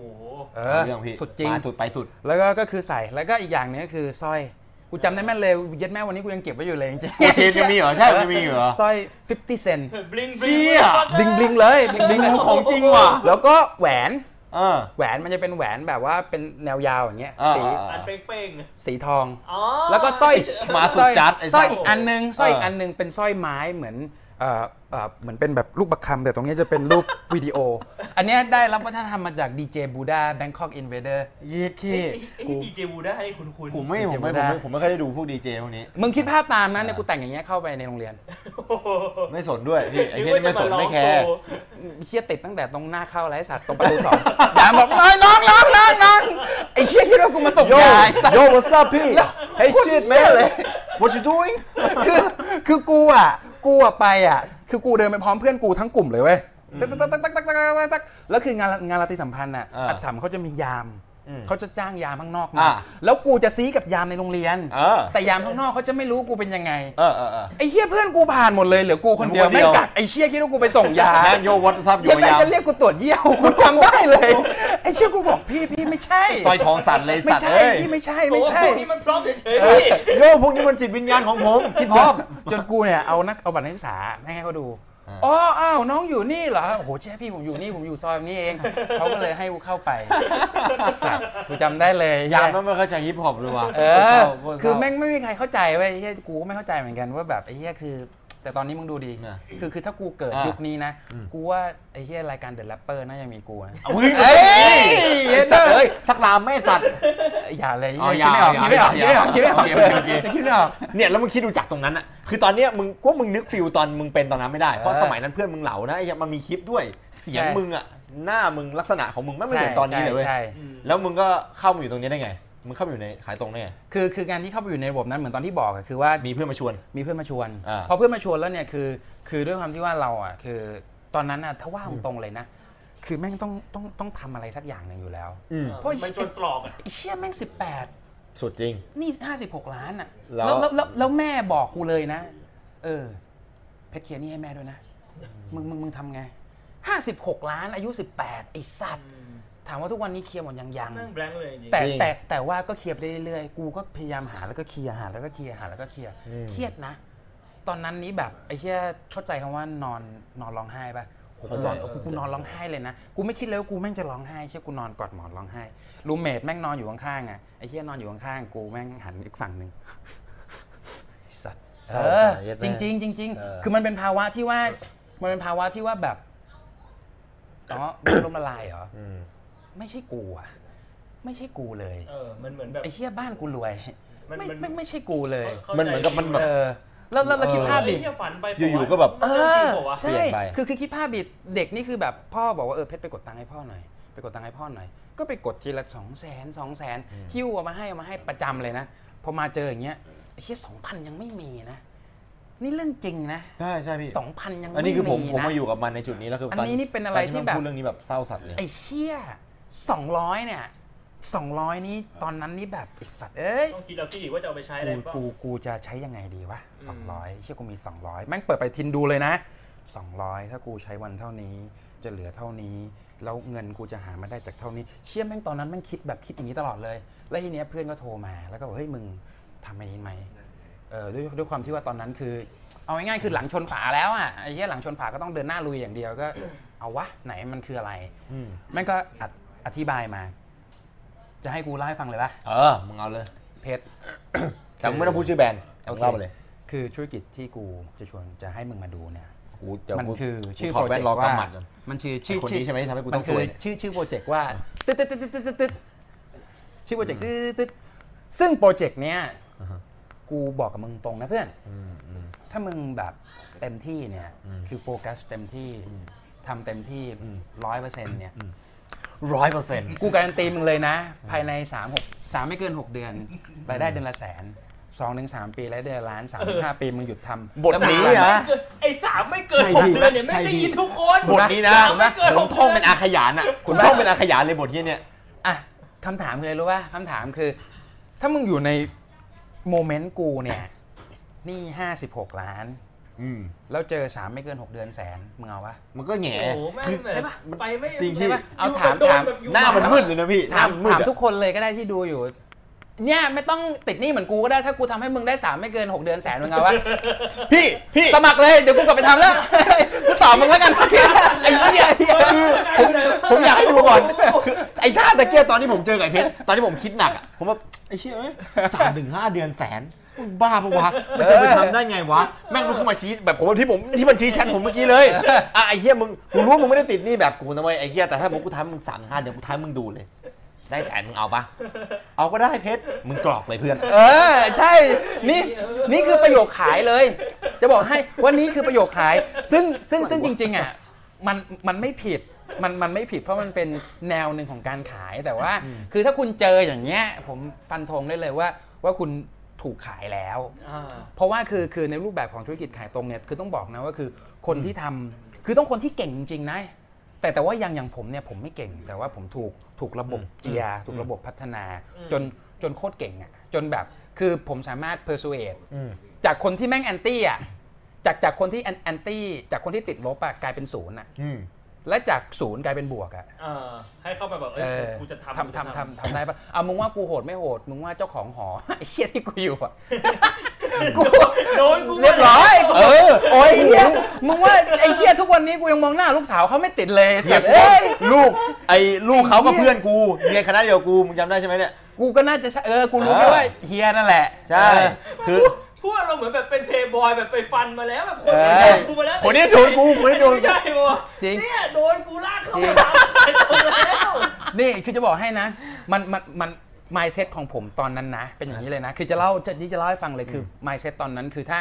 Speaker 4: เออ
Speaker 1: เอาเรื่องพี่
Speaker 4: สุดจริง
Speaker 1: มาสุดไปสุด
Speaker 4: แล้วก็ก็คือใส่แล้วก็อีกอย่างหนึงก็คือสร้อยกูจำได้แม่นเลยเย็ดแม่วันนี้กูยังเก็บไว้อยู่เลยจริงๆ
Speaker 1: กูเชนยังมีเหรอใช่มันยังมีเหรอ
Speaker 4: สร้อย 50 เซน
Speaker 2: บลิงบลิง
Speaker 1: เชี่ย
Speaker 4: บลิงบลิงเลยบลิงบลิง
Speaker 1: นี่ของจริงว่ะ
Speaker 4: แล้วก็แหวน
Speaker 1: เออ
Speaker 4: แหวนมันจะเป็นแหวนแบบว่าเป็นแนวยาวอย่างเงี้ย
Speaker 1: อ่า
Speaker 4: สี
Speaker 1: อ่า
Speaker 2: อันเป้งๆเนี่ย
Speaker 4: สีทอง
Speaker 2: อ๋อ
Speaker 4: แล้วก็สร้อย
Speaker 1: มาสุด
Speaker 4: ร้อย
Speaker 1: จัดไอ้
Speaker 4: สร้อย
Speaker 1: สัตว์
Speaker 4: อีกอันนึงสร้อยอี
Speaker 1: เอก ออั
Speaker 4: อันนึงเป็นสร้อยไม้เหมือนเอ่อเอ่อเหมือนเป็นแบบลูกประคำแต่ตรงเนี้ยจะเป็นรู ปวิดีโอ อันเนี้ยได้รับวัฒนธรรมมาจากดีเจบูดา Bangkok Invader
Speaker 1: เย็ดเค
Speaker 2: เอ้ยไอ้ดีเจบูด้าให้คุณคุณ
Speaker 1: ผมไม่ผมไม่ผมไม่ผมไม่เคอยได้ดูพวกดีเจพวกนี้
Speaker 4: มึงคิดภาพตามนะเนี่ยกูแต่งอย่างเงี้ยเข้าไปในโรงเรียน
Speaker 1: ไม่สนด้วยพี่ไอ้เหี้ยนี่ไม่สนไม่แคร์
Speaker 4: เฮียติดตั้งแต่ตรงหน้าเข้าแล้วไอ้สัตว์ตรงประตูสอง ยามบอกน้องน้องน้องน้องน้องไอ้เฮียคิดว่ากูมาส่ง
Speaker 1: โย
Speaker 4: ยาไอ้สัตว์
Speaker 1: โย what's up พี่ hey shit man what you doing
Speaker 4: คือคือกูอ่ะกูอ่ะไปอ่ะคือกูเดินไปพร้อมเพื่อนกูทั้งกลุ่มเลยเว้ยตักตักตักตักตักตักตักตักแล้วคืองานงานราตรีสัมพันธ์อ่ะ
Speaker 1: อ่า
Speaker 4: อัดสัมเขาจะมียาม
Speaker 1: อืม
Speaker 4: เขาจะจ้างยามข้างนอกมา
Speaker 1: อ่า
Speaker 4: แล้วกูจะซีกับยามในโรงเรียน
Speaker 1: เออ
Speaker 4: แต่ยามข้างนอกเขาจะไม่รู้กูเป็นยังไง
Speaker 1: เออเออเออ
Speaker 4: ไอ้เฮียเพื่อนกูผ่านหมดเลยเหลือกูคนเดียว
Speaker 1: เหลือกูคนเดี
Speaker 4: ไม่
Speaker 1: ยว
Speaker 4: กักไอ้เฮียคิดว่ากูไปส่งยา
Speaker 1: แอนโย what's up อยู่
Speaker 4: เยี่ยม
Speaker 1: พยายาม
Speaker 4: จะเรียกกูตรวจเยี่ยวกูจำได้เลย ไอ้เชี่ยกูบอกพี่พี่ไม่ใช่
Speaker 1: ซอยทองสัตว์เลย
Speaker 4: ไม่
Speaker 1: สัตว์
Speaker 4: ใช่
Speaker 1: เอ้ย
Speaker 4: พี่ไม่ใช่
Speaker 2: ไม่
Speaker 4: ไม่
Speaker 2: ใช่
Speaker 4: ใช่
Speaker 2: นี่มันพร้อมเฉยๆพี่
Speaker 1: โยพวกนี้มันจิตวิญญาณของผมพี่พร้อม
Speaker 4: จนกูเนี่ยเอานักเอาบัตรนักศึกษาให้เขาดูอ๋ออ้าวน้องอยู่นี่เหรอโอ้โหเช่พี่ผมอยู่นี่ผมอยู่ซอยนี้เองเขาก็เลยให้กูเข้าไปสัตว์กูจำได้เลย
Speaker 1: ยามมันไม่เข้าใจฮิปฮอปเลยว่ะ
Speaker 4: เออ
Speaker 1: โตรเศร้า
Speaker 4: คือแม่งไม่มีใครเข้าใจเว้ยไอ้เฮียกูก็ไม่เข้าใจเหมือนกันว่าแบบไอ้เฮียคือ แต่ตอนนี้มึงดูดี
Speaker 1: นะ
Speaker 4: คือคือถ้ากูเกิด
Speaker 1: อ่ะ
Speaker 4: ยุคนี้นะกูว่าไอ้เฮียรายการเดอะแรปเปอร์น่าจะมีกูนะ
Speaker 1: เอามึง
Speaker 4: เอ้
Speaker 1: เอ้
Speaker 4: ย
Speaker 1: ยไอ้สัตว์เอ้ยสักลามไม่สัตว์
Speaker 4: อย่าเลย
Speaker 1: อ๋อ
Speaker 4: คิดไม่ออก
Speaker 1: อ
Speaker 4: คิ
Speaker 1: ย่า
Speaker 4: ดไม่ออก
Speaker 1: อ
Speaker 4: คิด
Speaker 1: ย่า
Speaker 4: ไม่ออกคิดไม่อ
Speaker 1: โอเค
Speaker 4: อก
Speaker 1: โอเค
Speaker 4: คิดไม่ออก
Speaker 1: เนี่ยแล้วมึงคิดดูจากตรงนั้นอะคือตอนเนี้ยมึงก็มึงนึกฟิลตอนมึงเป็นตอนนั้นไม่ได้ เพราะ
Speaker 4: เออ
Speaker 1: สมัยนั้นเพื่อนมึงเหลานะไอ้เหี้ยมันมีคลิปด้วย เสียง
Speaker 4: ใช่
Speaker 1: มึงอะหน้ามึงลักษณะของมึงไม่เหมือนตอนนี้เลยเว้ย
Speaker 4: ใช่ใช่
Speaker 2: อืม
Speaker 1: แล้วมึงก็เข้ามาอยู่ตรงนี้ได้ไง มึงเข้ามาอยู่ในขายตรงได้ไง
Speaker 4: คือคือการที่เข้าไปอยู่ในระบบนั้นเหมือนตอนที่บอกอะคือว่า
Speaker 1: มีเพื่อนมาชวน
Speaker 4: มีเพื่อนมาชวน
Speaker 1: อ่า
Speaker 4: พอเพื่อนมาชวนแล้วเนี่ยคือ คือด้วยความที่ว่าเราอ่ะคือตอนนั้นอ่ะถ้าว่าตรงๆเลยนะ คือแม่งต้องต้องต้องทำอะไรสักอย่างหนึ่งอยู่แล้ว
Speaker 1: อืม
Speaker 2: เพราะมันจนตรอกอ่ะ
Speaker 4: ไอ้เชี่ยแม่ง
Speaker 1: สุดจริง
Speaker 4: 18 นี่ 56 ล้านอ่ะ
Speaker 1: แล้ว
Speaker 4: แล้วแล้วแล้วแล้วแม่บอกกูเลยนะ เออเพชรเคียร์นี่ให้แม่ด้วยนะ มึงมึงมึงทำไง 56 ล้านอายุ 18ไอ้สัตว์ถามว่าทุกวันนี้เคลียร์หมดยังยัง
Speaker 2: นั่งแบงค์เลยจริง
Speaker 4: แต่
Speaker 1: จริง
Speaker 4: แต่แต่ว่าก็เคลียร์ไปเรื่อยๆ กูก็พยายามหาแล้วก็เคลียร์หาแล้วก็เคลียร์หาแล้วก็เคลียร์
Speaker 1: อืม
Speaker 4: เครียดนะ ตอนนั้นนี้แบบไอ้เหี้ยเข้าใจคำว่านอนนอนร้องไห้ปะโหกูนอน
Speaker 1: เข้าใจ
Speaker 4: เออกูกูนอนร้องไห้เลยนะ กูไม่คิดเลยว่ากูแม่งจะร้องไห้เชี่ยกูนอนกอดหมอนร้องไห้ รูมเมทแม่งนอนอยู่ข้างๆอ่ะ ไอ้เหี้ยนอนอยู่ข้างๆ กูแม่งหันอีกฝั่งหนึ่ง ไอ้สัตว์ เออ
Speaker 1: เย็ดแม่
Speaker 4: จริง ๆ จริง
Speaker 1: เออ
Speaker 4: ๆ คือมันเป็นภาวะที่ว่า มันเป็นภาวะที่ว่าแบบ อ๋ อล้มละลายเหรอ
Speaker 1: อืม
Speaker 4: ไม่ใช่กูอ่ะ ไม่ใช่กูเลย
Speaker 2: เออ มันเหมือนแบบ
Speaker 4: ไอ้เฮียบ้านกูรวย
Speaker 2: มัน
Speaker 4: ไม่
Speaker 2: มัน
Speaker 4: ไม่ไม่ใช่กูเลย
Speaker 2: ข้าใจ
Speaker 1: มันเหมือนกับมันแบบ
Speaker 4: เออแล้วแล้วแล้วคิดภาพ
Speaker 2: ไอ้
Speaker 4: ดิ
Speaker 2: เหี้ยฝันไปปะวะ
Speaker 1: อยู่ๆก็แบบ
Speaker 4: เอ
Speaker 2: มันรื่องจริ
Speaker 4: อง
Speaker 2: ปะวะ
Speaker 4: ใช่
Speaker 1: เปลี่ยนไป
Speaker 4: คือคือคิดภาพดิเด็กนี่คือแบบพ่อบอกว่าเออเพชรไปกดตังค์ให้พ่อหน่อยไปกดตังค์ให้พ่อหน่อย ก็ไปกดทีละสองแสนสองแสนหิ้วเอามาให้เอามาให้ประจำเลยนะพอมาเจออย่างเงี้ยไอ้เฮียสองพันยังไม่มีนะ นี่เรื่องจริงนะ
Speaker 1: ใช่ใช่พี่
Speaker 4: สองพันยังไม่มี
Speaker 1: อัน
Speaker 4: นะ
Speaker 1: นี้คือผมผมมาอยู่กับมันในจุดนี้แล้วคือต
Speaker 4: อันนี้นี่เป็นอะไรที่
Speaker 1: ต
Speaker 4: แบบ
Speaker 1: มัพูดเรื่องนี้แบบเศร้าสัตว์เลย
Speaker 4: ไอ้เฮีย 200 เนี่ย 200 นี้ตอนนั้นนี่แบบไอสัตว์เอ้ย
Speaker 2: ต้องคิดเราคิดอีกว่าจะเอาไปใช้อะไร
Speaker 4: กู
Speaker 2: บ้าง
Speaker 4: กูกูจะใช้ยังไงดีวะ 200เชื่อกูมี 200 แม่งเปิดไปทินดูเลยนะ 200 ถ้ากูใช้วันเท่านี้ จะเหลือเท่านี้ แล้วเงินกูจะหามาได้จากเท่านี้ เชี่ยแม่งตอนนั้นแม่งคิดแบบคิดอย่างนี้ตลอดเลย แล้วทีเนี้ยเพื่อนก็โทรมาแล้วก็บอกเฮ้ยมึงทำไอ้นี้ไหมเออด้วยด้วยความที่ว่าตอนนั้นคือ เอาง่ายๆคือหลังชนฝาแล้วอ่ะไอ้เหี้ยหลังชนฝาก็ต้องเดินหน้าลุยอย่างเดียวก็ เอาวะไหนมันคืออะไร
Speaker 1: อืม
Speaker 4: แม่งก็อธอธิบายมา จะให้กูเล่าให้ฟังเลยปะ
Speaker 1: เออมึงเอาเลย
Speaker 4: เพชร
Speaker 1: แต่มึงไม่ต้องพูดชื่อแบรนด์
Speaker 4: โอ
Speaker 1: มึง
Speaker 4: เค
Speaker 1: เล่าไปเลย
Speaker 4: คือธุรกิจที่กูจะชวนจะให้มึงมาดูเนี่ย
Speaker 1: กูเดี๋ยว
Speaker 4: มัน
Speaker 1: กู
Speaker 4: คือ
Speaker 1: กู
Speaker 4: ชื่อ
Speaker 1: ถอ
Speaker 4: โป
Speaker 1: ด
Speaker 4: ร
Speaker 1: แว่น
Speaker 4: เจกต์
Speaker 1: รอ
Speaker 4: ว่าก
Speaker 1: ำหมัดก่อน
Speaker 4: มันชื่อชื่อ
Speaker 1: ไอ้คนนี้ใช่ไหมที่ทำให้กูต้อง
Speaker 4: นคื
Speaker 1: ซวยเนี่ย
Speaker 4: ชื่อชื่อโปรเจกต์ว่าตึ๊ดตึ๊ดตึ๊ดตึ๊ดตึ๊ดตึ๊ดชื่อโปรเจกต์ตึ๊ดตึ๊ดซึ่งโปรเจกต์เนี้ยกูบอกกับมึงตรงนะเพื่อน
Speaker 1: อืมอืม
Speaker 4: ถ้ามึงแบบเต็มที่เนี่ย
Speaker 1: อืม
Speaker 4: คือโฟกัสเต็มที่ทำเต็มที่
Speaker 1: อืม
Speaker 4: ร้อยเปอร์เซ็นต์เนี่ย
Speaker 1: ร้อยเปอร์เซ็นต์
Speaker 4: กูการันตีมึงเลยนะ ภายใน3 6 3ไม่เกิน 6 เดือนรายได้เดือนละแสนสองถึงสามปีรายได้เดือนละล้านสามถึงห้าปีมึงหยุดทำ
Speaker 1: บท
Speaker 4: แล้วมึง
Speaker 1: นี้
Speaker 4: ทำ
Speaker 1: อะ
Speaker 2: ไอ้สามไม่เกิน
Speaker 1: ใช่
Speaker 2: หก
Speaker 1: พี่
Speaker 2: เดือนเนี่ย
Speaker 1: ใช่
Speaker 2: ไม่ได้
Speaker 1: พี่
Speaker 2: ยินทุกคน
Speaker 1: บทนี้นะ
Speaker 2: สามไม่เกิน
Speaker 1: ผ
Speaker 2: ห
Speaker 1: ม
Speaker 2: ก
Speaker 1: ท่อง
Speaker 2: เดื
Speaker 1: เป็นอาขยานอ่ะคุ
Speaker 4: คุณ
Speaker 1: ณ
Speaker 4: ว่า
Speaker 1: ท่องเป็นอาขยานเลยบทเนี้ยเนี่ย
Speaker 4: อ่ะคำถามคืออะไรรู้ป่ะคำถามคือ ถ้ามึงอยู่ในโมเมนต์กูเนี่ยหนี่ห้าสิบหกล้าน
Speaker 1: อืม
Speaker 4: แล้วเจอสามไม่เกินหกเดือนแสนมึงเอาปะ
Speaker 1: มันก็แหง่
Speaker 2: โอ้โหแม่งแบบไปไม่
Speaker 1: จริง
Speaker 4: ใช่
Speaker 1: ที่
Speaker 4: ปะเอาถาม
Speaker 2: ยู่แบบโดนแบ
Speaker 4: ถาม
Speaker 2: บอยู่
Speaker 1: หน้ามันมืดเลยนะพี่หน้
Speaker 4: ถาม
Speaker 1: นมืด
Speaker 4: ถาม
Speaker 1: อะ
Speaker 4: ทุกคนเลยก็ได้ที่ดูอยู่ เนี่ยไม่ต้องติดหนี้เหมือนกูก็ได้ถ้ากูทำให้มึงได้สามไม่เกินหกเดือนแสนมึงเอาปะ
Speaker 1: พี่ พี่
Speaker 4: สมัครเลยเดี๋ยวกูกลับไปทำแล้ว กูสอบมึงแล้วกันโอเคไอ้เหี้ย
Speaker 1: คือ
Speaker 2: อยู่ไหนวะ
Speaker 1: ผมอยากให้ดูก่อนคือไอ้ท่าตะเกียบตอนที่ผมเจอกับไอ้เพชรตอนที่ผมคิดหนักอะผมแบบไอ้เชี่ยเอ้ยสามถึงห้าเดือนแสนมึงบ้าปะวะมันจะไปทำได้ไงวะ แม่งลุกขึ้นมาชี้แบบผมที่ผมที่มันชี้แชทผมเมื่อกี้เลยอ่ะไอ้เหี้ยมึงกูรู้ว่ามึงไม่ได้ติดหนี่แบบกูนะเว้ยไอ้เหี้ยแต่ถ้าผมกูทำมึงสามห้าเดือนกูทำมึงดูเลย ได้แสนมึงเอาปะเอาก็ได้เพชรมึงกรอกเลยเพื่อน
Speaker 4: เออ ใช่ นี่นี่คือประโยคขายเลย จะบอกให้วันนี้คือประโยคขาย ซึ่งซึ่งซึ่งจริง ๆ อ่ะ มันมันไม่ผิดมันมันไม่ผิดเพราะมันเป็นแนวหนึ่งของการขายแต่ว่า คือถ้าคุณเจออย่างเงี้ย ผมฟันธงได้เลยว่า ว่าคุณถูกขายแล้ว
Speaker 2: อ่า
Speaker 4: เพราะว่าคือคือในรูปแบบของธุรกิจขายตรงเนี่ยคือต้องบอกนะว่าคือคนที่ทำคือต้องคนที่เก่งจริงๆนะแต่แต่ว่าอย่างอย่างผมเนี่ยผมไม่เก่ง แต่ว่าผมถูกถูกระบบเจียร์ถูกระบบพัฒนา
Speaker 2: อืม
Speaker 4: จนจนโคตรเก่งอะ่ะจนแบบคือผมสามารถ persuade
Speaker 1: อืม
Speaker 4: จากคนที่แม่งแอนตี้อ่ะจากจากคนที่แอนตี้จากคนที่ติดลบอ่ะกลายเป็นศูนย์อ่ะ
Speaker 1: อืม
Speaker 4: และจากศูนย์กลายเป็นบวกอ่ะ
Speaker 2: เออให้เข้าไปแบบเอ้ย
Speaker 4: เออ
Speaker 2: กูจะทำกู
Speaker 4: ทำ
Speaker 2: จะ
Speaker 4: ทำทำทำได้ปะเอามึงว่ากูโหดไม่โหด มึงว่าเจ้าของหอ ไอ้เหี้ยที่กูอยู่ อะกู
Speaker 2: โดนกู
Speaker 4: เรียบร้อยกู
Speaker 1: เออ
Speaker 4: โอ้ยไอ้เหี้ยมึงว่าไอ้เหี้ยทุกวันนี้กูยังมองหน้าลูกสาวเขาไม่ติดเลย
Speaker 1: เสี
Speaker 4: สั
Speaker 1: ย
Speaker 4: ตว์เอ้ย
Speaker 1: ลูกไอ้ลูกเขากับ
Speaker 4: ไอ้เหี้ย
Speaker 1: เพื่อนกูเรียนคณะเดียวกูมึงจำได้ใช่ไหมเนี่ย
Speaker 4: กูก็น่าจะใช่เออ กูรู้แค่ว่าเฮียนั่นแหละ
Speaker 1: ใช่
Speaker 4: เออ
Speaker 1: คือ
Speaker 2: พวกเราเหมือนแบบเป็นเพย์บอยแบบไปฟันมาแล้วแบบคน
Speaker 4: เอ
Speaker 2: โด
Speaker 4: อ
Speaker 2: นกูมาแล้ว
Speaker 1: คนนี้โดนกูคนนี้โดนกู
Speaker 2: ไม่ใช่ปะ
Speaker 4: จริง
Speaker 2: เนี่ยโดนกูลากเข้าไปทำไปจนแล้ว
Speaker 4: นี่คือจะบอกให้นะ มันมันมันมายเซตของผมตอนนั้นนะ เป็นอย่างนี้เลยนะ คือจะเล่าจะนี่จะเล่าให้ฟังเลยคือมายเซตตอนนั้นคือถ้า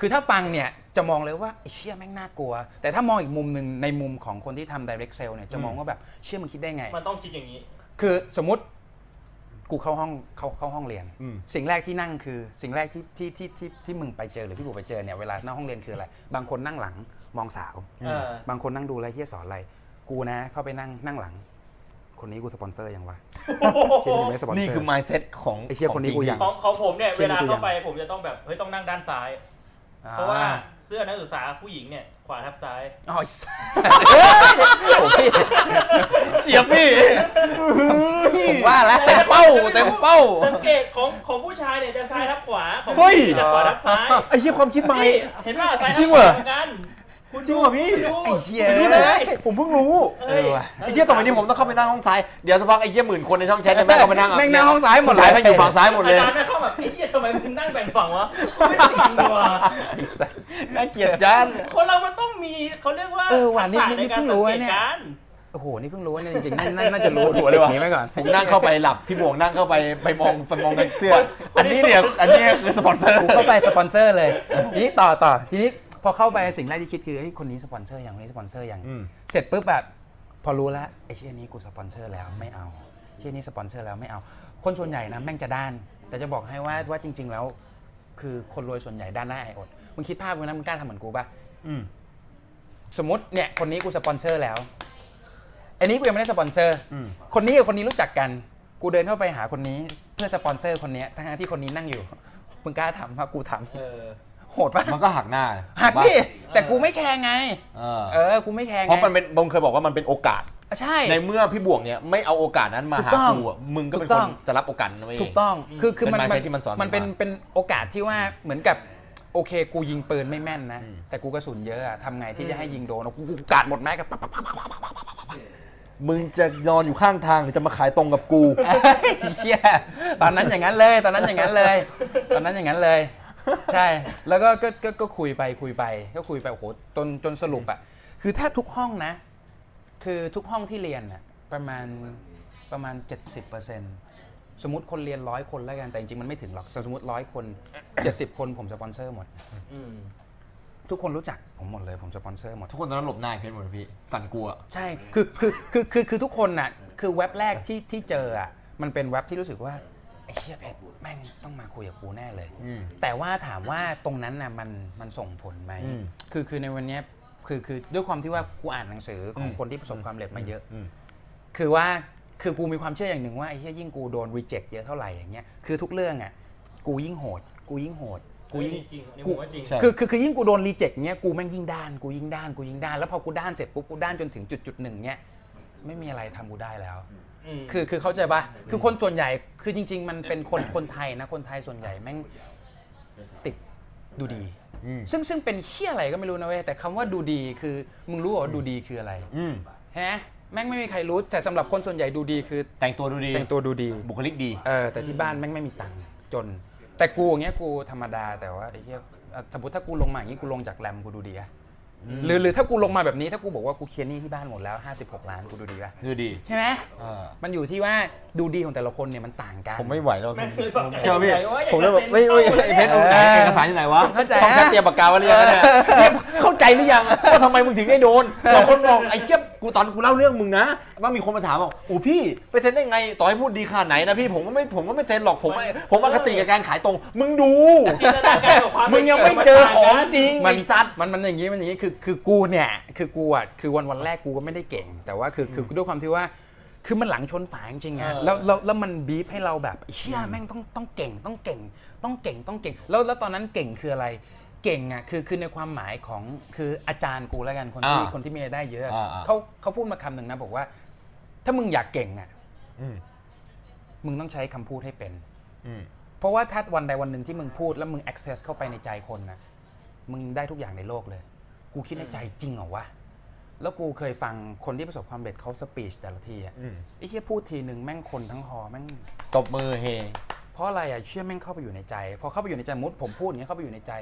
Speaker 4: คือถ้าฟังเนี่ยจะมองเลยว่าไอ้เชี่ยแม่งน่ากลัว แต่ถ้ามองอีกมุมหนึ่งในมุมของคนที่ทำ direct sale เนี่ยจะมองว่าแบบเชี่ยมึงคิดได้ไง
Speaker 2: มันต้องคิดอย่างนี้
Speaker 4: คือสมมติกูเข้าห้องเข้าเข้าห้องเรียน
Speaker 1: อืม
Speaker 4: สิ่งแรกที่นั่งคือ สิ่งแรกที่ที่ที่ที่ที่มึงไปเจอหรือพี่บุ๋ไปเจอเนี่ยเวลาหน้าห้องเรียนคืออะไร บางคนนั่งหลังมองสาว
Speaker 2: เออ
Speaker 4: บางคนนั่งดูอะไรเฮียสอนอะไร กูนะ เข้าไปนั่งนั่งหลัง คนนี้กูสปอนเซอร์ยังวะ เชี่ยนี่ไม่สปอนเซอร์
Speaker 1: นี่คือ mindset ของ
Speaker 4: ไอ้เหี้ยคนนี้กูอยาก
Speaker 2: ของของผมเนี่ย
Speaker 4: เชื่
Speaker 2: เว
Speaker 4: อใน
Speaker 2: ลา
Speaker 4: ตัวอย่าง
Speaker 2: เข้าไปผมจะต้องแบบเฮ้ยต้องนั่งด้านซ้าย เพราะว่าเสื้อนักศึกษาผู้หญิงเนี่ยขวาทับซ้าย
Speaker 4: อ๋อไอ้สัสโอ้โหพี่
Speaker 1: เสียบพี่
Speaker 4: ผมว่าแล้ว
Speaker 1: เต็มเป้าเต็มเป้า
Speaker 2: สังเกตของของผู้ชายเนี่ยจะซ้ายทับขวาของ
Speaker 1: เฮ้
Speaker 2: ผู้
Speaker 1: ย
Speaker 2: หญิงจะขวาทับซ้าย
Speaker 1: ไอ้เหี้ยความคิดใหม่
Speaker 2: นี่เห็นว่าซ้ายทับ
Speaker 1: จริง
Speaker 2: ข
Speaker 1: เหร
Speaker 2: วา
Speaker 1: อ
Speaker 2: เหมือนกันคุณ
Speaker 1: จริงเหรอพี่
Speaker 2: ดู
Speaker 4: ไอ้เหี้ย
Speaker 1: ไม่รู้เลยผมเพิ่งรู้
Speaker 2: เอ้ย
Speaker 4: เออว่ะ
Speaker 1: ไอ้เหี้ยต่อไปนี้ผมต้องเข้าไปนั่งห้องซ้ายเดี๋ยวสักพักไอ้เหี้ยหมื่นคนในช่องแชทเนี่ยแม่งเข้าไปนั่งะ
Speaker 4: แม่งนั่งห้องซ้ายหมด
Speaker 1: ผู้ชายแม่งอยู่ฝั่งซ้ายหมดเลย
Speaker 2: อาจารย์น่ะเข้าแบบไอ้เหี้ยทำไมมึงนั่งแบ่งฝั่งวะกูไม่ได้ฝั่งดีกว่า
Speaker 4: ไอ้สัส
Speaker 1: น่าเกลียดจัง
Speaker 2: คนเรามันต้องมีเขาเรียกว่า
Speaker 4: เออว่ะนี่
Speaker 2: ทักษ
Speaker 4: นี่
Speaker 2: ใการ
Speaker 4: เพิ่งรู้ไอ้เนี่ย
Speaker 2: สังกตการณ์
Speaker 4: โอ้โห นี่เพิ่งรู้ว่าเนี่ยจริงๆนาน่าน่าจะรู้หนีไว้ก่อน
Speaker 1: ผมนั่งเข้าไปหลับพี่บวงนั่งเข้าไปไปมองไปมองกันเสื้ออันนี้เนี่ยอันนี้คือสปอนเซอร์
Speaker 4: กูเข้าไปสปอนเซอร์เลย นี้ต่อต่อทีนี้พอเข้าไปสิ่งแรกที่คิดคือเฮ้ยคนนี้สปอนเซอร์อย่างคนนี้สปอนเซอร์อย่าง
Speaker 1: อืม
Speaker 4: เสร็จปุ๊บแบบพอรู้แล้วไอ้เชี่ยนี้กูสปอนเซอร์แล้วไม่เอาเชี่ยนี้สปอนเซอร์แล้วไม่เอา คนส่วนใหญ่นะแม่งจะด้าน แต่จะบอกให้ว่าว่าจริง ๆ แล้ว คือคนรวยส่วนใหญ่ด้านหน้าไออดมึงคิดภาพมึงนะมึงกล้าทำเหมือนกูปะ
Speaker 1: อืม
Speaker 4: สมมติเนี่ยคนนี้กูสปอนเซอร์แล้วไอ อันนี้กูยังไม่ได้สปอนเซอร์
Speaker 1: อืม
Speaker 4: คนนี้กับคนนี้รู้จักกัน กูเดินเข้าไปหาคนนี้เพื่อสปอนเซอร์คนเนี้ยทั้งๆที่คนนี้นั่งอยู่มึงกล้าทำปะกูท
Speaker 2: เออ
Speaker 4: ำโหดปะ
Speaker 1: มันก็หักหน้า
Speaker 4: หักดิแต่กูไม่แคร์ไง
Speaker 1: เออ
Speaker 4: เออ กูไม่แคร์ไง
Speaker 1: เพราะมันเป็นบงเคยบอกว่ามันเป็นโอกาส
Speaker 4: ใช่
Speaker 1: ในเมื่อพี่บวงเนี่ยไม่เอาโอกาสนั้นมาหา
Speaker 4: ถูกต้อง
Speaker 1: กูอะมึงก็เป็น
Speaker 4: ถูก
Speaker 1: ค
Speaker 4: ต้
Speaker 1: น
Speaker 4: อง
Speaker 1: จะรับโอกาสนั้นไว้เอง
Speaker 4: ถูกต้อง คือคือ
Speaker 1: เป็น
Speaker 4: มัน
Speaker 1: mindset ที่มันสอน
Speaker 4: มันเป็น
Speaker 1: ผมมา
Speaker 4: เป็นโอกาสที่ว่าเหมือนกับโอเค กูยิงปืนไม่แม่นนะ
Speaker 1: อืม
Speaker 4: แต่กูกระสุนเยอะอะทำไงที่จะให้ยิงโดนอะกูกูกาดหมดแม็กกับปั๊บปั๊บปั๊บปั๊บปั๊บปั๊บปั๊บปั๊บ
Speaker 1: มึงจะนอนอยู่ข้างทางหรือจะมาขายตรงกับกู
Speaker 4: เอ้ยเหี้ยตอนนั้นอย่างนั้นเลย ตอนนั้นอย่างนั้นเลย ตอนนั้นอย่างนั้นเลย ใช่ แล้วก็ก็ก็ก็คุยไปคุยไป ก็คุยไปโอ้โหจนจนสรุปอะคือแทบทุกห้องนะ คือทุกห้องที่เรียนอะประมาณประมาณ 70%สมมติคนเรียนร้อยคนแล้วกันแต่จริงๆมันไม่ถึงหรอกสมมติร้อยคน 70 คนผมสปอนเซอร์หมด
Speaker 2: อืม
Speaker 4: ทุกคนรู้จักผมหมดเลยผมสปอนเซอร์หมด
Speaker 1: ทุกคนตอนนั้นหลบหน้าไอ้เพชรหมดเลยพี่ สั่นกลัว
Speaker 4: ใช่คือคือคือคือคือทุกคนน่ะคือเว็บแรกที่ที่เจออ่ะมันเป็นเว็บที่รู้สึกว่าไอ้เชี่ยเพชรแม่งต้องมาคุยกับกูแน่เลย
Speaker 1: อืม
Speaker 4: แต่ว่าถามว่าตรงนั้นน่ะมันมันส่งผลไหม
Speaker 1: อืม
Speaker 4: คือคือในวันเนี้ยคือคือด้วยความที่ว่ากูอ่านหนังสือของ
Speaker 1: อืม
Speaker 4: คนที่ประสบความสำเร็จมาเยอะ
Speaker 1: อืม
Speaker 4: คือว่าคือกูมีความเชื่ออย่างหนึ่งว่าไอ้เหี้ยยิ่งกูโดนรีเจ็คเยอะเท่าไหร่อย่างเงี้ยคือทุกเรื่องอ่ะกูยิ่งโหด กูยิ่งโหดกูยิ่ง
Speaker 2: จริงๆอันนี้
Speaker 4: กู
Speaker 2: ผมว่าจริง
Speaker 1: ใช่
Speaker 4: คือคือคือยิ่งกูโดนรีเจ็คเนี้ยกูแม่งยิ่งด้านกูยิ่งด้านกูยิ่งด้านแล้วพอกูด้านเสร็จปุ๊บกูด้านจนถึงจุดจุดหนึ่งเนี้ยไม่มีอะไรทำกูได้แล้ว คือคือเข้าใจปะคือคนส่วนใหญ่คือจริง ๆ มันเป็นคนคนไทยนะคนไทยส่วนใหญ่แม่งติดดูดี
Speaker 1: อืม
Speaker 4: ซึ่งซึ่งเป็นเฮี้ยอะไรก็ไม่รู้นะเว้ยแต่คำว่าดูดีคือมึงรู้เหรอว่าดูดีคืออะไร
Speaker 1: อืม
Speaker 4: ฮะแม่งไม่มีใครรู้แต่สำหรับคนส่วนใหญ่ดูดีคือ
Speaker 1: แต่งตัวดูดี
Speaker 4: แต่งตัวดูดี
Speaker 1: บุคลิกดี
Speaker 4: เออแต่ที่บ้านแม่งไม่มีตังค์จน แต่กูอย่างเงี้ยกูธรรมดาแต่ว่าไอ้เหี้ยอ่ะสมมติถ้ากูลงมาอย่างงี้กูลงจากแรมกูดูดีอะหรือหรือถ้ากูลงมาแบบนี้ถ้ากูบอกว่ากูเคลียร์หนี้ที่บ้านหมดแล้ว 56 ล้านกูดูดีปะ
Speaker 1: ดูดี
Speaker 4: ใช่ไหม
Speaker 1: เออ
Speaker 4: มันอยู่ที่ว่าดูดีของแต่ละคนเนี่ยมันต่างกัน
Speaker 1: ผมไม่ไหวแล้ว
Speaker 2: แม่งเคยบอก
Speaker 1: เชื่อพี่
Speaker 2: โอ๊ยอยาก
Speaker 1: ผมเลยแบบ
Speaker 2: จะเซ็น
Speaker 1: ไม่ไม่ไอ้
Speaker 2: เข้าเลย
Speaker 1: เพชรเอาไหน
Speaker 4: เออ
Speaker 1: เอกสารอยู่ไหนวะ
Speaker 4: เข้าใจ
Speaker 1: ต้องแค่
Speaker 4: นะ
Speaker 1: เตรียมปากกาไว้หรือยังเนี่ยเนี่ยเข้าใจหรือยังว่าทำไมมึงถึงได้โดนบางคนบอกไอ้เชี่ยกูตอนกูเล่าเรื่องมึงนะว่ามีคนมาถามบอกอูพี่ไปเซ็นได้ไงต่อให้พูดดีขนาดไหนนะพี่ผมก็ไม่ผมก็ไม่เซ็นหรอกผมไม่ผมอคติกับการขายตรง มึงดู
Speaker 2: จินตนาการกับความ
Speaker 1: มึงยังไม่เจอของจริง
Speaker 4: มัน
Speaker 1: ไอ้สัตว์
Speaker 4: มันมันอย่างงี้มันอย่างงี้คือคือกูเนี่ยคือกูอ่ะคือวันวันแรกกูก็ไม่ได้เก่ง แต่ว่าคือคือด้วยความที่ว่าคือมันหลังชนฝาจริงๆอะ
Speaker 2: เออ
Speaker 4: แล้วแล้วแล้วมันบีบให้เราแบบเชี่ยแม่งต้องต้องเก่งต้องเก่ง ต้องเก่งต้องเก่ง แล้วแล้วตอนนั้นเก่งคืออะไรเก่งอ่ะคือคือในความหมายของคืออาจารย์กูแล้วกันคนที่
Speaker 1: อ่า
Speaker 4: คนที่มีรายได้เยอะ
Speaker 1: อ่าอ่า
Speaker 4: เขาเขาพูดมาคำหนึ่งนะบอกว่า ถ้ามึงอยากเก่งอ่ะ
Speaker 1: อืม
Speaker 4: มึงต้องใช้คำพูดให้เป็น
Speaker 1: อืม
Speaker 4: เพราะว่าถ้าวันใดวันหนึ่งที่มึงพูดแล้วมึง access เข้าไปในใจคนนะมึงได้ทุกอย่างในโลกเลย กูคิดในใจจริงเหรอวะ แล้วกูเคยฟังคนที่ประสบความสำเร็จเขาสปีชแต่ละทีอะ
Speaker 1: อืม
Speaker 4: ไอ้เชี่ยพูดทีหนึ่งแม่งคนทั้งหอแม่ง
Speaker 1: ตบมือเฮ
Speaker 4: เพราะอะไรอะเชี่ยแม่งเข้าไปอยู่ในใจ พอเข้าไปอยู่ในใจมุดผมพูดอย่างเงี้ยเข้าไปอยู่ในใจ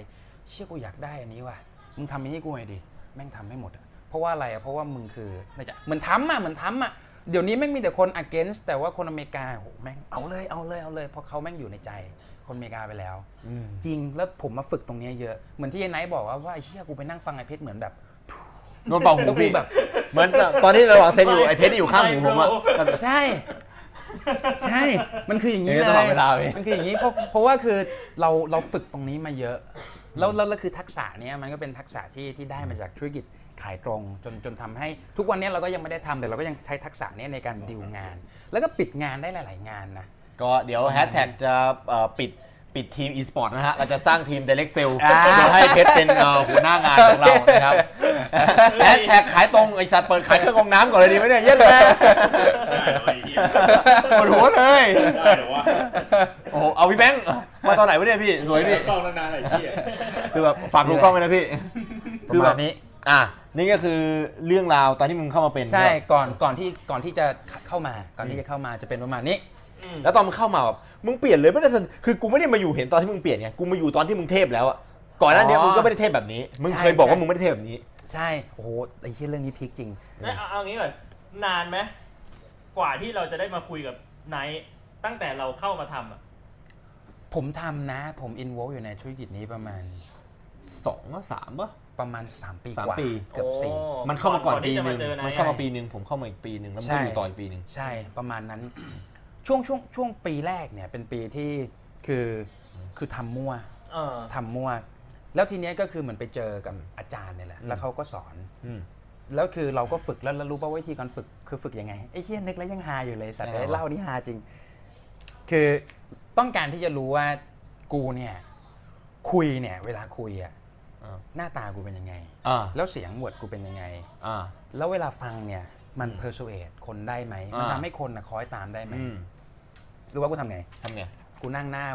Speaker 4: เชี่ยกูอยากได้อันนี้ว่ะ มึงทำอันนี้กูหน่อยดิ แม่งทำไม่หมดอะเพราะว่าอะไรอะเพราะว่ามึงคือน่าจะเหมือนทำอะเหมือนทำอะเดี๋ยวนี้แม่งมีแต่คน against แต่ว่าคนอเมริกาโหแม่งเอาเลยเอาเลยเอาเลยเพราะเขาแม่งอยู่ในใจ คนอเมริกาไปแล้ว จริงแล้วผมมาฝึกตรงเนี้ยเยอะ เหมือนที่ไอ้ไนท์บอกว่าว่าไอ้เชี่ยกูไปนั่งฟังไอ้เพชรเหมือนแบบ
Speaker 1: นวดเบาหูพี่
Speaker 4: แล้วกูแบบ
Speaker 1: เหมือนตอนนี้ระหว่างเซนอยู่ไอ้เพชรอยู่ข้างหูผมอะ
Speaker 4: ใช่ ใช่ มันคืออย่างนี้
Speaker 1: อย่างนี้ต
Speaker 4: เล
Speaker 1: ลอด
Speaker 4: ย
Speaker 1: เวลาพี่
Speaker 4: มันคืออย่างนี้เพราะเพราะว่าคือเราเราฝึกตรงนี้มาเยอะ แล้วแล้วแล้วคือทักษะเนี้ยมันก็เป็นทักษะที่ที่ได้มาจากธุรกิจขายตรง จนจนทำให้ทุกวันเนี้ยเราก็ยังไม่ได้ทำแต่เราก็ยังใช้ทักษะเนี้ยในการดีลงาน แล้วก็ปิดงานได้หลาย ๆ งานนะ
Speaker 1: ก็เดี๋ยวแฮชแท็กจะเอ่อปิดปิดทีม e-sport นะฮะ เราจะสร้างทีม Direct Sale
Speaker 4: อ่า
Speaker 1: โดยให้เพชรเป็นเอ่อหัวหน้างานของเรานะครับแฮชแท็กขายตรง ไอสัตว์เปิดขายเครื่องกรองน้ำก่อนเลยดีไหมเนี่ย เย็นแม่ปวดหัวเลย โอ้โหเอาพี่แบงค์มาตอนไหนวะเนี่ยพี่ สวยพี่
Speaker 3: กล้องนานๆไอ้เหี้ย
Speaker 1: คือแบบฝากดูกล้องไว้นะพี่
Speaker 4: ป
Speaker 1: คื
Speaker 4: ระ
Speaker 1: แบ
Speaker 4: มา
Speaker 1: บ
Speaker 4: ณนี้
Speaker 1: อ่ะนี่ก็คือเรื่องราวตอนที่มึงเข้ามาเป็น
Speaker 4: ใช่ก่อนก่อนที่ก่อนที่จะเข้ามาก่อนที่จะเข้ามาจะเป็นประมาณนี้
Speaker 1: แล้วตอนมึงเข้ามาแบบมึงเปลี่ยนเลยไม่ได้สนคือกูไม่ได้มาอยู่เห็นตอนที่มึงเปลี่ยนไงกูมาอยู่ตอนที่มึงเทพแล้วอะก่อนหน้านี้
Speaker 4: อ๋อ
Speaker 1: มึงก็ไม่ได้เทพแบบนี้ มึง
Speaker 4: ใช่
Speaker 1: เคยบอกว่า
Speaker 4: ใช่
Speaker 1: มึงไม่ได้เทพแบบนี้
Speaker 4: ใช่โอ้โหไอ้เชี่ยเรื่องนี้พีคจริง
Speaker 2: แล้วเอาเอางี้ก่อนนานไหมกว่าที่เราจะได้มาคุยกับไนท์ตั้งแต่เราเข้ามาทำอ่ะ
Speaker 4: ผมทำนะ ผมอินวอลอยู่ในธุรกิจนี้ประมาณ
Speaker 1: สองก็สามป่ะ
Speaker 4: ประมาณ 3 ปี
Speaker 1: สาม
Speaker 4: กว่า
Speaker 1: ปี
Speaker 4: เกือบสี่
Speaker 2: โอ้
Speaker 1: มันเข้ามาก่อนปี
Speaker 2: ที่จะ
Speaker 1: หนึ่ง
Speaker 2: จอ
Speaker 1: มันเข้ามา
Speaker 2: ไ
Speaker 1: ปีหนึ่งผมเข้ามาอีกปีหนึ่งแล้วมึง
Speaker 4: ใช่
Speaker 1: ก็อยู่ต่ออีกปีหนึ่ง
Speaker 4: ใช่ประมาณนั้น ช่วงช่วงช่วงปีแรกเนี่ยเป็นปีที่คือคือทำมั่ว
Speaker 2: เออ
Speaker 4: ทำมั่ว แล้วทีเนี้ยก็คือเหมือนไปเจอกับอาจารย์เนี่ยแหละแล้วเขาก็สอน
Speaker 1: อืม
Speaker 4: แล้วคือเราก็ฝึกแล้วแล้วรู้ป่าวิธีการฝึกคือฝึกยังไงไอ้เฮียนึกแล้วยังฮาอยู่เลยสัตว์
Speaker 1: ใช่เหรอ
Speaker 4: เอ้ยเล่านี่ฮาจริง คือต้องการที่จะรู้ว่ากูเนี่ยคุยเนี่ย เวลาคุยอะ
Speaker 1: อ่า
Speaker 4: หน้าตากูเป็นยังไง
Speaker 1: อ่า
Speaker 4: แล้วเสียงบวดกูเป็นยังไง
Speaker 1: อ่า
Speaker 4: แล้วเวลาฟังเนี่ยมันเพอร์ a ูเอคนได้ไหมมัน
Speaker 1: อ่า
Speaker 4: ทำให้คนนะคอยตามได้ไหม
Speaker 1: อืม
Speaker 4: รู้ว่ากูทำไง
Speaker 1: ทำไง
Speaker 4: กูนั่งหน้า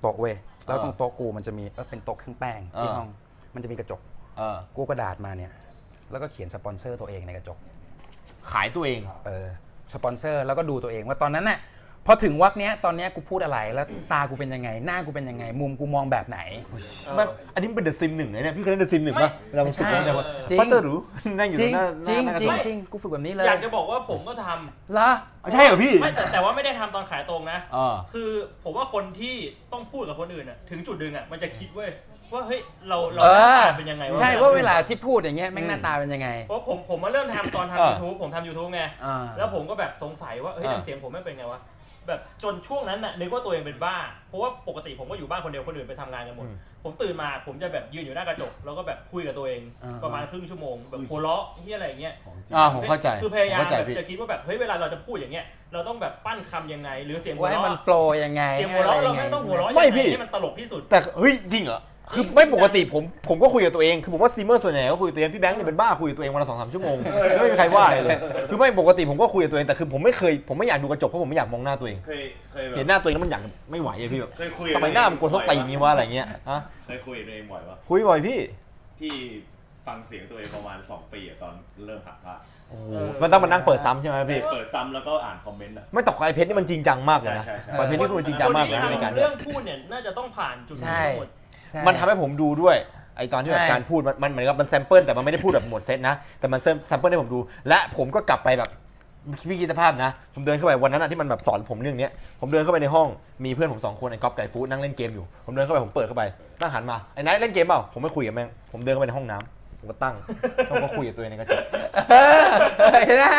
Speaker 4: โต๊ะเว้ยแล้ว
Speaker 1: อ่า
Speaker 4: ตรงโต๊ะกูมันจะมีเออเป็นโต๊ะเครื่องแป้งที่
Speaker 1: อ่า
Speaker 4: ห้องมันจะมีกระจก
Speaker 1: เออ
Speaker 4: กูเอากระดาษมาเนี่ย แล้วก็เขียนสปอนเซอร์ตัวเองในกระจก
Speaker 1: ขายตัวเอง
Speaker 4: เออ สปอนเซอร์แล้วก็ดูตัวเองว่าตอนนั้นน่ะ พอถึงวักเนี้ย ตอนเนี้ยกูพูดอะไร แล้วตากูเป็นยังไง หน้ากูเป็นยังไง มุมกูมองแบบไหน
Speaker 1: ไม่อันนี้มันเป็นเดอะซิมหนึ่งเลยเนี่ยพี่เคยเล่นเดอะซิมหนึ่งป่ะเราฝึกกันแต่ว่า
Speaker 4: จริง
Speaker 1: ปัตเตอร์หรูนั่งอยู่
Speaker 4: จริง
Speaker 1: หน้าห
Speaker 4: จริ
Speaker 1: น้าง หน้ากระ
Speaker 4: จ
Speaker 1: จ
Speaker 4: ริง
Speaker 1: ก
Speaker 4: จริงกูฝึกแบบนี้เลย
Speaker 2: อยากจะบอกว่าผมก็ทำ
Speaker 4: เหรอ
Speaker 1: ใช่เหรอพี่
Speaker 2: ไม่แต่แต่ว่าไม่ได้ทำตอนขายตรงนะ
Speaker 1: เออ
Speaker 2: คือผมว่าคนที่ต้องพูดกับคนอื่นอ่ะถึงจุดหนึ่งอ่ะมันจะคิดเว้ยว่าเฮ้ยเราเรา
Speaker 4: เอ
Speaker 2: หน้า
Speaker 4: อ
Speaker 2: ตาเป็นยังไงวะ
Speaker 4: ใช่ว่าเวลาที่พูดอย่างเงี้ยแม่งหน้าตาเป็นยังไง
Speaker 2: เพราะผมผมมาเริ่มทำตอน
Speaker 1: เอ
Speaker 2: ทำ
Speaker 1: อ
Speaker 2: ยูทูบผมทำยูทูบไง
Speaker 4: อ่า
Speaker 2: แล้วผมก็แบบสงสัยว่าเฮ้ย
Speaker 1: อ่า
Speaker 2: น้ำเสียงผมไม่งเป็นไงวะแบบจนช่วงนั้นน่ะนึกว่าตัวเองเป็นบ้า เพราะว่าปกติผมก็อยู่บ้านคนเดียวคนอื่นไปทำงานกันหมด ผมตื่นมาผมจะแบบยืนอยู่หน้ากระจก แล้วก็แบบคุยกับตัวเองประมาณครึ่งชั่วโมงแบบหัวเราะที่อะไรอย่างเงี้ย
Speaker 1: อ่าผมเข้าใจ
Speaker 2: คือพยายาม
Speaker 1: เข้าใจ
Speaker 2: แบบ
Speaker 1: พี่
Speaker 2: จะคิดว่าแบบเฮ้ยเวลาเราจะพูดอย่างเงี้ยเราต้องแบบปั้นคำยังไง หรือเสียงหัว
Speaker 4: ว่าให้มัน
Speaker 2: เราะ
Speaker 4: โฟลว์ยังไง
Speaker 2: เสียงหัวเราะ
Speaker 4: ะไยั
Speaker 2: เรา
Speaker 4: ไ
Speaker 2: ไม่ต้องหัวเราะ
Speaker 1: ไม่
Speaker 2: ยัง
Speaker 1: พี่
Speaker 2: ไงให้มันตลกที่สุด
Speaker 1: แต่เฮ้ยจริงเหรอคือไม่ปกติผมผมก็คุยกับตัวเองคือผมว่าสตรีมเมอร์ส่วนใหญ่ก็คุยกับตัวเองพี่แบงค์เนี่ยเป็นบ้าคุยกับตัวเองวันละสองสามชั่วโมง ไม่มีใครว่าอะไรเลยคือไม่ปกติผมก็คุยกับตัวเองแต่คือผมไม่เคยผมไม่อยากดูกระจกเพราะผมไม่อยากมองหน้าตัวเอง
Speaker 5: เคยเคยแบ
Speaker 1: เห็น
Speaker 5: บ
Speaker 1: หน้าตัวเองแล้วมันอยากไม่ไหวอะพี่แบบ
Speaker 5: เคยคุย
Speaker 1: ทำไมหน้ามันกวนเท่าตีนี้วะอะไรเงี้ยอะ
Speaker 5: เคยคุยกับตัวเองบ่อยวะ
Speaker 1: คุยบ่อยพี่
Speaker 5: พี่ฟังเสียงตัวเองประมาณ 2 ปีอะตอนเริ่มหัดภาค
Speaker 1: โอ้โหมันต้องมานั่งเปิดซ้ำใช่ไหมพี่
Speaker 5: เปิดซ้ำแล้วก็อ่านคอมเมนต์อะ
Speaker 1: ไม่ตกไอเพชรนี่มันจริงจังมากเลยนะ
Speaker 5: ใช่ใช่ใช่
Speaker 1: ไอเพชรนี่คือมันจริงจังมากเลยนะในการ
Speaker 2: เรื่องพูดเนี่ยน่าจะต้องผ่านจุดนี้
Speaker 4: ใช่
Speaker 2: ทั้งหมด
Speaker 4: ใช่
Speaker 1: มันทำให้ผมดูด้วยไอตอนที่แบบ
Speaker 4: ใช่
Speaker 1: การพูดมันมันเหมือนกับมันแซมเปิลแต่มันไม่ได้พูดแบบหมดเซตนะ แต่มันแซมเปิลให้ผมดู และผมก็กลับไปแบบพี่กีตาภาพนะ ผมเดินเข้าไปวันนั้นอะที่มันแบบสอนผมเรื่องเนี้ยผมเดินเข้าไปในห้องมีเพื่อนผมสองคนไอ้ก๊อฟไก่ฟูดนั่งเล่นเกมอยู่ผมเดินเข้าไปผมเปิดเข้าไปนั่งหันมาไอ้ไนท์เล่นเกมเปล่าผมไม่คุยกับแม่งผมเดินเข้าไปในห้องน้ำผมก็ตั้งแล้วผมก็คุยกับตัวเองในกระจ ก
Speaker 4: เออเห็นนะ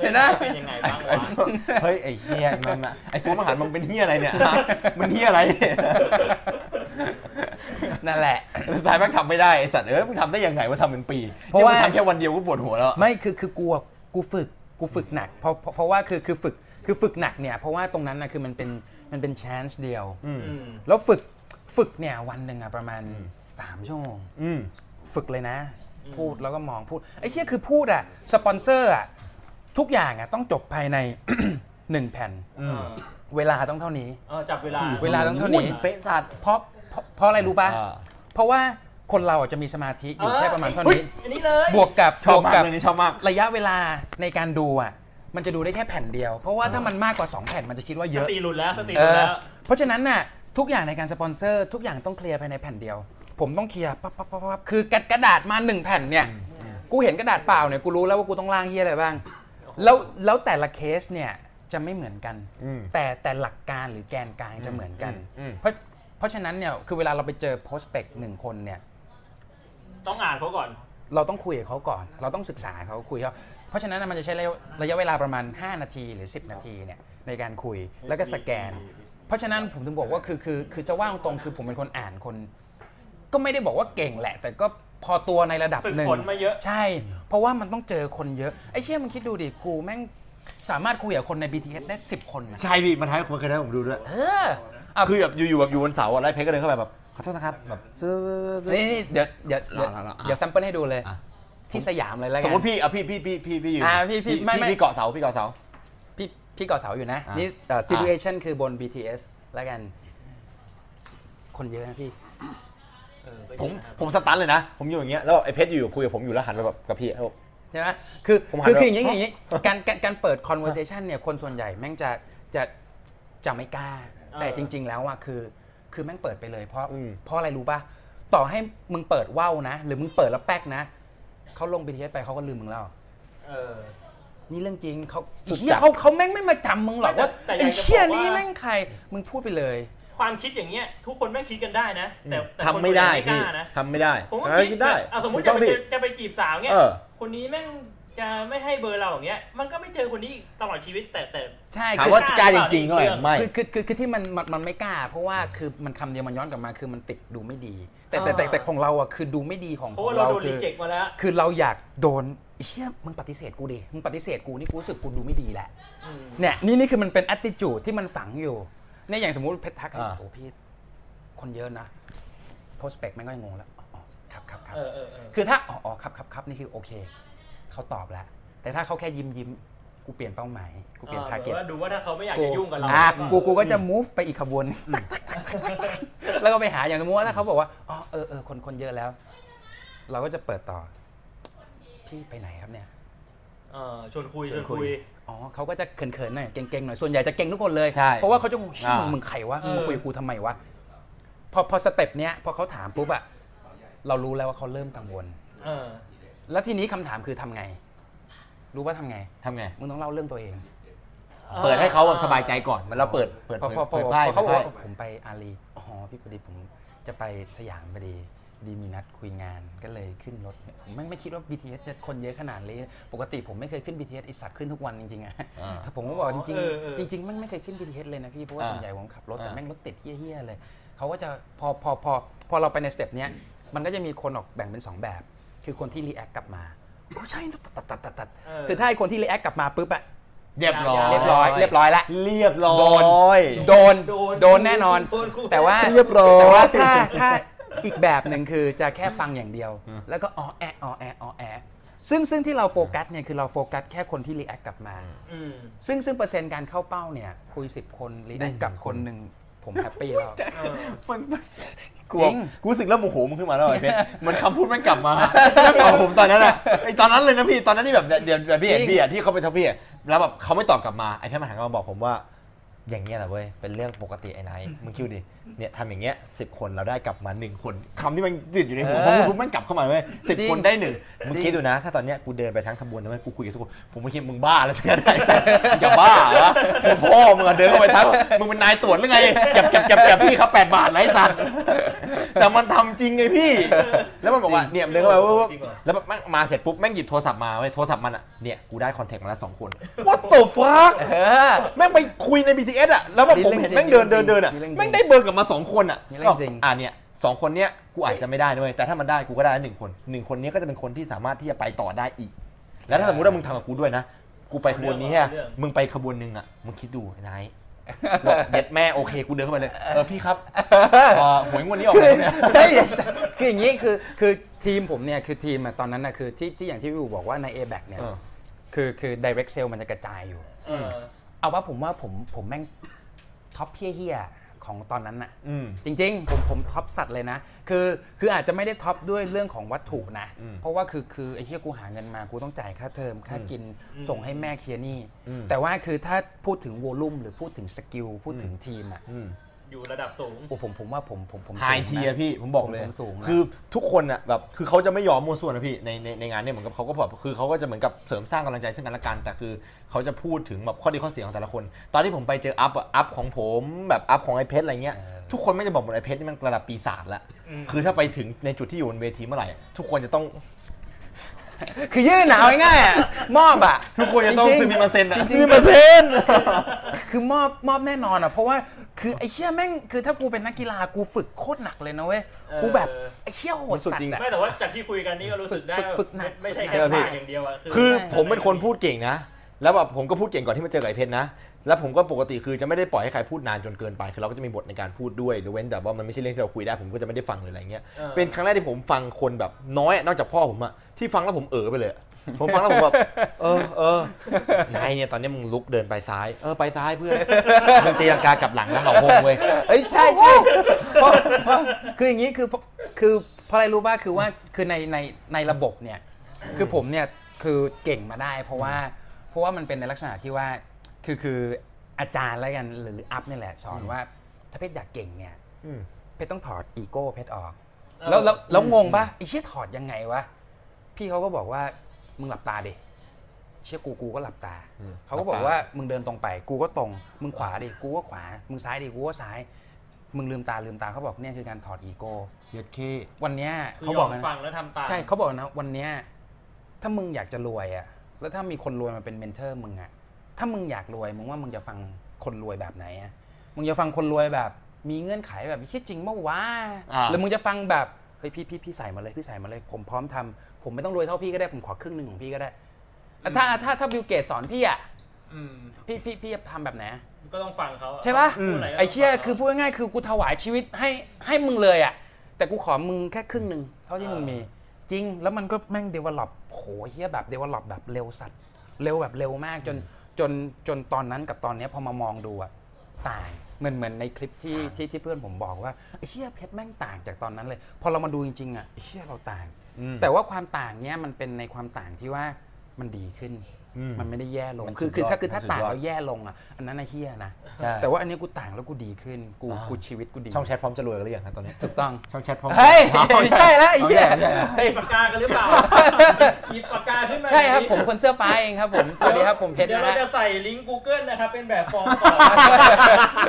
Speaker 4: เห็นนะ
Speaker 2: เป็นยังไงบ้าง
Speaker 1: ไอ้
Speaker 2: วะ
Speaker 1: พวกเฮ้ยไอ้เฮียมันอะไอ้ฟูมาหารมันเป็นเฮียอะไรเนี่ยฮะมันเฮียอะไร
Speaker 4: นั่นแหละ
Speaker 1: สุดท้ายมันทำไม่ได้ไอ้สัตว์เอ้ยมึงทำได้ยังไงว่าทำเป็นปี
Speaker 4: เพราะว่า
Speaker 1: นี่ยมึงทำแค่วันเดียวก็ปวดหัวแล้วอะ
Speaker 4: ไม่คือคือกูอะกูฝึกกูฝึกหนักเพราะเพราะเพราะว่าคือคือฝึกคือฝึกหนักเนี่ยเพราะว่าตรงนั้นนะคือมันเป็นมันเป็นชนส์เดียว
Speaker 2: อืม
Speaker 4: แล้วฝึกฝึกเนี่ยวันหนึ่งอะประมาณ 3 ชั่วโมง
Speaker 1: อืม
Speaker 4: ฝึกเลยนะ พูดแล้วก็มองพูดไอ้เหี้ยคือพูดอะสปอนเซอร์อะทุกอย่างอะต้องจบภายใน 1 แผ่น
Speaker 1: อืม
Speaker 4: เวลาต้องเท่านี้
Speaker 2: เออจับเวลา
Speaker 4: เวลาต้องเท่านี้
Speaker 1: เป๊ะสัตว์
Speaker 4: เพราะเพราะเพราะอะไรรู้ป่ะ
Speaker 1: อ่า
Speaker 4: เพราะว่าคนเราอะจะมีสมาธิอยู่
Speaker 2: เออ
Speaker 4: แค่ประมาณเท่า
Speaker 1: เฮ้ย
Speaker 4: นี้
Speaker 2: อันนี้เลย
Speaker 4: บวกกับ
Speaker 1: ชอบบ
Speaker 4: วก
Speaker 1: มาก
Speaker 4: กับ
Speaker 1: เรื่องนี้ชอบมาก
Speaker 4: ระยะเวลาในการดูอ่ะ มันจะดูได้แค่แผ่นเดียว เพราะว่าถ้ามันมากกว่า 2 แผ่นมันจะคิดว่าเย
Speaker 2: ส
Speaker 4: อะ
Speaker 2: ติหลุดแล้วสติห
Speaker 4: เอ
Speaker 2: ลุด
Speaker 4: อ
Speaker 2: แล้ว
Speaker 4: เพราะฉะนั้นน่ะทุกอย่างในการสปอนเซอร์ทุกอย่างต้องเคลียร์ภายในแผ่นเดียว ผมต้องเคลียร์ปั๊บปั๊บปั๊บปั๊บคือกระดาษมาหนึ่งแผ่นเนี่ย กูเห็นกระดาษเปล่าเนี่ยกูรู้แล้วว่ากูต้องล่างเฮียอะไรบ้าง แล้วแล้วแต่ละเคสเนี่ยจะไม่เหมือนกัน
Speaker 1: อืม
Speaker 4: แต่แต่หลักการหรือแกนกลางจะเหมือนกัน
Speaker 1: อืมอืม
Speaker 4: เพราะเพราะฉะนั้นเนี่ยคือเวลาเราไปเจอ prospect หนึ่งคนเนี่ย
Speaker 2: ต้องอ่านเขาก่อน
Speaker 4: เราต้องคุยกับเขาก่อน เราต้องศึกษาเขาคุยเขาเพราะฉะนั้นน่ะมันจะใช้ระยะระยะเวลาประมาณ 5 นาทีหรือ 10 นาทีเนี่ยในการคุยแล้วก็สแกน เพราะฉะนั้นผมถึงบอกว่าคือคือคือจะว่างตรงๆคือผมเป็นคนอ่านคน ก็ไม่ได้บอกว่าเก่งแหละ แต่ก็พอตัวในระดับหนึ่ง
Speaker 2: ฝึกฝนมาเยอะ
Speaker 4: ใช่ เพราะว่ามันต้องเจอคนเยอะ ไอ้เชี่ยมันคิดดูดิกูแม่งสามารถคุยกับคนใน BTS ได้ 10 คนนะ
Speaker 1: ใช่พี่มันท้ายคนเคยได้ผมดูด้วย
Speaker 4: เอออ่ะ
Speaker 1: คือแบบอยู่ๆแบบอยู่บนเสาอะแล้วไอ้เพชรก็เดินเข้าไปแบบขอโทษนะครับแบบซื้อ
Speaker 4: นี่นี่เดี๋ยวเดี๋ยวเดี๋ยว
Speaker 1: เอาละเอาละ
Speaker 4: เดี๋ยวแซมเปิลให้ดูเลย
Speaker 1: อ่ะ
Speaker 4: ที่สยามเลยแล้ว
Speaker 1: ส
Speaker 4: กั
Speaker 1: ม
Speaker 4: น
Speaker 1: มติพี่อ่ะพี่พี่พี่พี่พี่ยืน
Speaker 4: อ่าพี่พี่ไม่ไม่
Speaker 1: พี่เกาะเสาพี่เกาะเสา
Speaker 4: พี่พี่ก่อเสาอยู่นะ
Speaker 1: อ่ะ
Speaker 4: นี่เอ่อ
Speaker 1: อ่ะ
Speaker 4: situation คือบน BTS แล้วกัน คนเยอะนะพี่
Speaker 2: เออ
Speaker 1: ผมผมสตันเลยนะ ผมอยู่อย่างเงี้ยแล้วไอ้เพชรอยู่ๆคุยกับผมอยู่แล้วหันไปแบบกับพี่แล้ว
Speaker 4: ใช่ไหมคือ
Speaker 1: ผมหัน
Speaker 4: คือ
Speaker 1: ไป
Speaker 4: คืออย่างนี้
Speaker 1: อ๋
Speaker 4: อ
Speaker 1: อ
Speaker 4: ย่างนี้การการการเปิด conversation เนี่ยคนส่วนใหญ่แม่งจะจะจะไม่กล้า แต่จริง ๆ แล้วอ่ะคือ คือแม่งเปิดไปเลยเพราะเพราะอะไรรู้ป่ะ ต่อให้มึงเปิดว่าวนะ หรือมึงเปิดแล้วแป๊กนะ เขาลง BTS ไปเขาก็ลืมมึงแล้ว
Speaker 2: เออ
Speaker 4: นี่เรื่องจริงเขา
Speaker 1: สุดจัด
Speaker 4: เหี้ยเขาเขาแม่งไม่มาจำมึงหรอกว่า
Speaker 2: แต่แต่อยากจะ
Speaker 4: ไอ้เชี่ย
Speaker 2: บอกว่านี่
Speaker 4: นี่แม่งใครมึงพูดไปเลย
Speaker 2: ความคิดอย่างเงี้ย ทุกคนแม่งคิดกันได้นะ แต่แต่คน
Speaker 1: ทำไม่ได้
Speaker 2: คนอื่น
Speaker 1: พี่
Speaker 2: กล้านะ
Speaker 1: ทำไม่ได้
Speaker 2: ผมก็
Speaker 1: เออ
Speaker 2: คิ
Speaker 1: คิ
Speaker 2: ด
Speaker 1: ด
Speaker 2: ได้
Speaker 1: ได้
Speaker 2: เอาสมมติ
Speaker 1: ถูก
Speaker 2: จะ
Speaker 1: ต้อง
Speaker 2: ไป
Speaker 1: พี่
Speaker 2: จะไปจีบสาวเงี้ย
Speaker 1: เออ
Speaker 2: คนนี้แม่ง จะไม่ให้เบอร์เราอย่างเงี้ย มันก็ไม่เจอคนนี้อีกตลอดชีวิตแต่แต่
Speaker 4: ใช่
Speaker 1: ถาม
Speaker 4: คือ
Speaker 1: ว่าการจริงๆก็ไหมไม่
Speaker 4: คือคือคือคือที่มันมันมันไม่กล้า เพราะว่าคือมันคำเดียวมันย้อนกลับมาคือมันติดดูไม่ดี แต่แต่แต่
Speaker 2: อ่า
Speaker 4: แต่ของเราอ่ะคือดูไม่ดีของ
Speaker 2: เพ
Speaker 4: ข
Speaker 2: ราะ
Speaker 4: อ
Speaker 2: ว่าง เรา
Speaker 4: เรา
Speaker 2: โดน
Speaker 4: คื
Speaker 2: รี
Speaker 4: อ
Speaker 2: เจ็คมาแล้ว
Speaker 4: คือเราอยากโดนเฮียมึงปฏิเสธกูดิมึงปฏิเสธกูนี่กูรู้สึกกูดูไม่ดีแหละ
Speaker 2: อืม
Speaker 4: เนี่ยนี่นี่คือมันเป็นแอ t ติจูดที่มันฝังอยู่เนี่ยอย่างสมมุติเพชรทักไอ้โอ้พี่คนเยอะนะโพสเปกแม่งก็ยังงงแล้วอ๋ออ๋อครับครับครับ
Speaker 2: เออเออเออ
Speaker 4: คือถ้าอ๋ออ๋อครับครับครับนี่คือโอเคเขาตอบแล้วแต่ถ้าเขาแค่ยิ้มยิ้มกูเปลี่ยนเป้าหมายกูเปลี่ยนทาร์เก็ต
Speaker 2: ออแบบว่ดูว่าถ้าเขาไม่อยากจะยุ่งกับเรา
Speaker 4: อ่ะ
Speaker 2: แล้ว
Speaker 4: กูกูก็จะ move ไปอีกขบวน แล้วก็ไปหาอย่างสมมติว่าถ้าเขาบอกว่าอ๋อเออเออคนคนเยอะแล้ว เราก็จะเปิดต่อพี่ไปไหนครับเนี่ย
Speaker 2: เออชวนคุยช
Speaker 4: ช
Speaker 2: ว
Speaker 4: วน นคุ
Speaker 2: คุ
Speaker 4: ย
Speaker 2: ย
Speaker 4: อ๋อเขาก็จะเขินๆหน่อยเก่งๆหน่อยส่วนใหญ่จะเก่งทุกคนเลย
Speaker 1: ใช่
Speaker 4: เพราะว่าเขาจะงงชื่อมึง
Speaker 1: อ่า
Speaker 4: มึงใครวะ
Speaker 2: เอ
Speaker 4: มึ
Speaker 2: อ
Speaker 4: งมาคุยกับกูทำไมวะพอพอสเต็ปเนี้ยพอเขาถามปุ๊บอะเรารู้แล้วว่าเขาเริ่มกังวล
Speaker 2: เออ
Speaker 4: แล้วทีนี้คำถามคือทำไง รู้ว่าทำไง
Speaker 1: ทำไง
Speaker 4: มึงต้องเล่าเรื่องตัวเอง
Speaker 1: เปิดให้เขาแบบสบายใจก่อนมันเราเปิดเปิด
Speaker 4: พอ
Speaker 1: เผย
Speaker 4: พอ
Speaker 1: เผย
Speaker 4: พอ
Speaker 1: พ่าย
Speaker 4: พอเขาบ
Speaker 1: เผ
Speaker 4: อก
Speaker 1: ย
Speaker 4: ว่า
Speaker 1: พ่าย
Speaker 4: ผมไปอาลีอ๋อพี่พอดีผมจะไปสยามพอดีพอดีมีนัดคุยงานก็เลยขึ้นรถผมไม่ไม่คิดว่า BTS จะคนเยอะขนาดนี้ปกติผมไม่เคยขึ้น BTS ไอสัตว์ขึ้นทุกวันจริงๆอะ
Speaker 1: อ่า
Speaker 4: ผมก็บอกจริง
Speaker 2: เออเออ
Speaker 4: ๆจริงๆมันไม่เคยขึ้น BTS เลยนะพี่ เพราะว่า
Speaker 1: อ่า
Speaker 4: ส่วนใหญ่ผมขับรถแต่
Speaker 1: อ่า
Speaker 4: แม่งรถติดเฮี้ยๆเลย เขาก็จะพอพอพอพอเราไปในสเต็ปเนี้ยมันก็จะมีคนออกแบ่งเป็น 2 แบบ คือคนที่รีแอคกลับมาโอ้ใช่ตัดตัดตัดตัดตัด
Speaker 2: เออ
Speaker 4: คือถ้าไอ้คนที่รีแอคกลับมาปุ๊บอะ
Speaker 1: เรียบร้อย
Speaker 4: เรียบร้อยเรียบร้อยละ
Speaker 1: เรียบร้
Speaker 4: โด
Speaker 1: อย
Speaker 4: โดน
Speaker 2: โดน
Speaker 4: โดนแน่นอน
Speaker 2: โดนกู
Speaker 4: แต่ว่า
Speaker 1: เรียบร้อย
Speaker 4: แต่ว่าถ้าถ้าอีกแบบหนึ่งคือจะแค่ฟังอย่างเดียว แล้วก็อ๋อแอะอ๋อแอะอ๋อแอะซึ่งซึ่งที่เราโฟกัสเนี่ยคือเราโฟกัสแค่คนที่รีแอคกลับมา
Speaker 2: อืม
Speaker 4: ซึ่งซึ่งเปอร์เซ็นต์การเข้าเป้าเนี่ย คุย 10 คนรีแอคกับคนหนึ่งผมแฮปปี้แล้ว
Speaker 2: เออ
Speaker 1: ันกู
Speaker 4: จริง
Speaker 1: กูรู้สึกเริ่มโมโหมันขึ้นมาแล้วไอ้เพช รมันคำพูดมันกลับ มาแล้วตอบผมตอนนั้นอะไอ้ตอนนั้นเลยนะพี่ตอนนั้นนี่แบบเดี๋ยวแบบพี่เห็นพี่อะที่เขาไปทักพี่อะแล้วแบบเขาไม่ตอบกลับมาไอ้เพชรมาหันกลับมาบอกผมว่า อย่างเงี้ยแหละเว้ยเป็นเรื่องปกติไอ้นายมึงคิดดิเนี่ยทำอย่างเงี้ยสิบคนเราได้กลับมาหนึ่งคนคำที่มันติดอยู่ในหัว
Speaker 4: เอ
Speaker 1: พอ
Speaker 4: อ
Speaker 1: พูดปุ๊บมันกลับเข้ามาเว้ยสิบ
Speaker 4: จริง
Speaker 1: คนได้หนึ่งมึง
Speaker 4: จริง
Speaker 1: คิดดูนะ ถ้าตอนเนี้ยกูเดินไปทั้งขบวนนะเว้ยกูคุยกับทุกคนผมไม่คิดมึงบ้าแล้ว เนี่ยไอ้สัสมึงจะบ้าเหรอมึงพ่อมึงอะเดินเข้าไปทั้งมึงเป็นนายตรวจหรือไงแก็บแก็บแก็บแก็บพี่ครับแปดบาทไรสัต ว์แต่มันทำจริงไงพี่ แล้วมันบอกว่าเนี่ยเดินเข้าไปปุ๊บ
Speaker 2: จริงเหรอ
Speaker 1: แล้วมันมาเสร็จปุ๊บแม่งหยิบโทรศัพท์มาเว้ยโทรศัพท์มันอะเนี่ยกูได้คอนแทคมาแล้วสองคน what the fuck
Speaker 4: เออ
Speaker 1: แม่งไปคุยใน BTS อ่ะ แล้วแบบ
Speaker 4: มี
Speaker 1: ผม
Speaker 4: เรื่อ
Speaker 1: เห็นแม่
Speaker 4: งจริง
Speaker 1: งเดิน
Speaker 4: มีเรื่
Speaker 1: เดิน
Speaker 4: อง
Speaker 1: เดินอ่ะ
Speaker 4: จริงมีเรื่อง
Speaker 1: แม่งได้เบอร์กลับมาสองคนอ่ะ
Speaker 4: มีเรื่องจริง
Speaker 1: ก็อ่ะเนี่ยสองคนเนี้ยกูอาจจะไม่ได้ด้วยแต่ถ้ามันได้กูก็ได้หนึ่งคนหนึ่งคนเนี้ยก็จะเป็นคนที่สามารถที่จะไปต่อได้อีก แล้วถ้าสมมติว่ามึงทำกับกูด้วยนะ กูไปขบวนนี้ฮะ
Speaker 2: เอาเรื่อง
Speaker 1: มึงไปขบวนหนึ่งอ่ะ มึงคิดดูไอ้นาย บอกเย็ดแม่โอเคกูเดินเข้าไปเลย เออพี่ครับเอ่อหวยงวดนี้ออก
Speaker 4: คือ
Speaker 1: แล้วเนี่ย
Speaker 4: เฮ้ยคืออย่างนี้คือคือทีมผมเนี่ย คือทีมอะตอนนั้นนะคือที่ที่อย่างที่พี่บูบอกว่าใน a b a c เนี่ย
Speaker 1: เออ
Speaker 4: คือคือ direct sale มันจะกระจายอยู่
Speaker 2: เออ
Speaker 4: เอาว่าผมว่าผมผมแม่งท็อปเฮี้ยๆของตอนนั้นอะ
Speaker 1: อืม
Speaker 4: จริงๆ ผมผมท็อปสัตว์เลยนะ คือคืออาจจะไม่ได้ท็อปด้วยเรื่องของวัตถุนะ
Speaker 1: อืม
Speaker 4: เพราะว่าคือคือไอ้เฮียกูหาเงินมากูต้องจ่ายค่าเทอมค่ากินส่งให้แม่เคลียร์หนี้
Speaker 1: อืม
Speaker 4: แต่ว่าคือถ้าพูดถึงวอลลุ่มหรือพูดถึงสกิลพูดถึงทีมอ่ะ
Speaker 1: อืม
Speaker 2: อยู่ระดับสูง
Speaker 4: โอ้ผมผมว่าผมผมผม
Speaker 1: ไฮ
Speaker 4: สู
Speaker 1: เที
Speaker 4: ง
Speaker 1: ย
Speaker 4: นะ
Speaker 1: พี่ผมบอกเลย
Speaker 4: ผมสูงนะ
Speaker 1: คือทุกคนอ่ะแบบคือเขาจะไม่ยอมมั่วส่วนนะพี่ในในในงานเนี่ยเหมือนกับเขาก็แบบคือเขาก็จะเหมือนกับเสริมสร้างกำลังใจซึ่งกันและกันแต่คือเขาจะพูดถึงแบบข้อดีข้อเสียของแต่ละคน ตอนที่ผมไปเจออัพอะอัพของผมแบบอัพของไอเพชรอะไรเงี้ย
Speaker 4: เออ
Speaker 1: ทุกคนไม่จะบอกหมดไอเพชรนี่มันระดับปีศาจละ
Speaker 2: อืม
Speaker 1: คือถ้าไปถึงในจุดที่อยู่บนเวทีเมื่อไหร่ทุกคนจะต้อง
Speaker 4: คือยื่นหนาวง่ายๆอ่ะมอบอ่ะ
Speaker 1: ทุกคนจะต้อง
Speaker 4: จริๆ
Speaker 1: ซึมิมาเซนอะ
Speaker 4: จ
Speaker 1: ซึ
Speaker 4: ริง
Speaker 1: มิ
Speaker 4: ๆ
Speaker 1: มาเซน
Speaker 4: คือมอบมอบแน่นอนอ่ะเพราะว่าคือไอ้เชี่ยแม่งคือถ้ากูเป็นนักกีฬากูฝึกโคตรหนักเลยนะเว้ย
Speaker 2: เออ
Speaker 4: กูแบบไอ้เชี่ยโหด
Speaker 1: สุด
Speaker 4: สัต
Speaker 1: จริง
Speaker 4: ว์อะ
Speaker 2: ไม่แต่ว่าจากที่คุยกันนี่ก็รู้สึกได้ว่า
Speaker 4: ฝึกหนัก
Speaker 2: ไม่ใช่แค่
Speaker 1: ใช่ป่ะพี่
Speaker 2: ปากอย่างเดียวอะ
Speaker 1: คือผมเป็นคนพูดเก่งนะ แล้วแบบผมก็พูดเก่งก่อนที่มาเจอกับไอ้เพชรนะ แล้วผมก็ปกติคือจะไม่ได้ปล่อยให้ใครพูดนานจนเกินไป คือเราก็จะมีบทในการพูดด้วยหรือเว้นแต่ว่ามันไม่ใช่เรื่องที่เราคุยได้ ผมก็จะไม่ได้ฟังเลยอะไรเงี้ย เป็นครั้งแรกที่ผมฟังคนแบบน้อยอะนอกจากพ่อผมอะที่ฟังแล้วผมเออไปเลยอะผมฟังแล้วผมแบบเออเออนายเนี่ยตอนนี้มึงลุกเดินไปซ้าย เออไปซ้ายเพื่อนมึงตีลังกากลับหลังแล้วเห่าโฮงเว้ย
Speaker 4: เอ้ยใช่ใช่เพราะเพราะคืออย่างนี้คือคือเพราะอะไรรู้ป่ะคือว่าคือในในในระบบเนี่ย คือผมเนี่ยคือเก่งมาได้ เพราะว่าเพราะว่ามันเป็นในลักษณะที่ว่าคือคืออาจารย์แล้วกันหรืออัพนี่แหละ สอนว่าถ้าเพชรอยากเก่งเนี่ย
Speaker 1: อืม
Speaker 4: เพชรต้องถอดอีโก้เพชรออก แล้วแล้วแล้วงงป่ะไอ้เชี่ยถอดยังไงวะพี่เขาก็บอกว่ามึงหลับตาดิเชี่ยกูกูก็หลับตา
Speaker 1: อืม
Speaker 4: เขาก็บอ
Speaker 1: หลั
Speaker 4: ก
Speaker 1: บตา
Speaker 4: ว่ามึงเดินตรงไป กูก็ตรง มึงขวาดิกูก็ขวา มึงซ้ายดิกูก็ซ้าย มึงลืมตาลืมตาเขาบอกเนี่ยคือการถอดอีโก้
Speaker 1: เย็ดเค
Speaker 4: วันเนี้ย
Speaker 2: คือ
Speaker 4: เขา
Speaker 2: บบ อ
Speaker 4: อก กนะ
Speaker 2: ฟังแล้วทำตาม
Speaker 4: ใช่เขาบอกนะวันเนี้ยถ้ามึงอยากจะรวยอ่ะ แล้วถ้ามีคนรวยมาเป็นเมนเทอร์มึงอะถ้ามึงอยากรวยมึงว่ามึงจะฟังคนรวยแบบไหนอะมึงจะฟังคนรวยแบบ มีเงื่อนไขแบบคิดจริงเมื่อวะ
Speaker 1: อ่า
Speaker 4: หรือมึงจะฟังแบบเฮ้ยพี่พี่พี่ใส่มาเลยพี่ใส่มาเลย ผมพร้อมทำผมไม่ต้องรวยเท่าพี่ก็ได้ผมขอครึ่งหนึ่งของพี่ก็ได้อ่ะถ้าถ้าถ้าบิลเกตสอนพี่อะพี่พี่พี่จะทำแบบไหนอะ
Speaker 2: ก็ต้องฟังเขาอ
Speaker 4: ใช่ปะ
Speaker 2: พูดรก็ต้งฟังขา
Speaker 4: ไอ้เชี่ยคือพูดง่ายๆคือกูถวายชีวิตให้ให้มึงเลยอะแต่กูขอมึงแค่ครึ่งหนึ่งเท่าที่มึงมี จริงแล้วมันก็แม่งเดเวล็อปโหเฮียแบบเดเวล็อปแบบเร็วสัตว์เร็วแบบเร็วมากจนจนจนตอนนั้นกับตอนเนี้ยพอมามองดูอะต่างเหมือนเหมือนในคลิปที่ที่ที่เพื่อนผมบอกว่าไอ้เชี่ยเพชรแม่งต่างจากตอนนั้นเลย พอเรามาดูจริงๆอะไอ้เชี่ยเราต่าง แต่ว่าความต่างเนี้ยมันเป็นในความต่างที่ว่ามันดีขึ้น
Speaker 1: อืม
Speaker 4: มันไม่ได้แย่ลง
Speaker 1: มัน
Speaker 4: คือ
Speaker 1: สุด
Speaker 4: คือ
Speaker 1: อด
Speaker 4: ถ้าคือถ้า
Speaker 1: มันสุด
Speaker 4: ต่าง
Speaker 1: ยอด
Speaker 4: แล้วแย่ลงอะอันนั้นไอ้เฮียนะ
Speaker 1: ใช่
Speaker 4: แต่ว่าอันนี้กูต่างแล้วกูดีขึ้น กู
Speaker 1: อ่ากู
Speaker 4: กูชีวิตกูดี
Speaker 1: ช่องแชทพร้อมจะรวยกันหรือยังฮะตอนนี้
Speaker 4: ถูกต้อง
Speaker 1: ช่องแชทพร้อม
Speaker 4: เฮ้ยไม่ใช่แล้วไอ้เหี้ย
Speaker 1: อาแย่อาแย่
Speaker 4: เฮ้ย
Speaker 2: ปากกากันหรือเปล่าหยิบปากกาขึ้นมา
Speaker 4: ใช่ครับ
Speaker 2: เดี๋ยวนี้
Speaker 4: ผมคนเสื้อฟ้าเองครับผม สวัสดีครับผมเพชร
Speaker 2: เดี๋ยว
Speaker 4: นะ
Speaker 2: เรา
Speaker 4: ฮะ
Speaker 2: จะใส่ลิงก์ Google นะครับ เป็นแบบฟอร์มก่อนนะ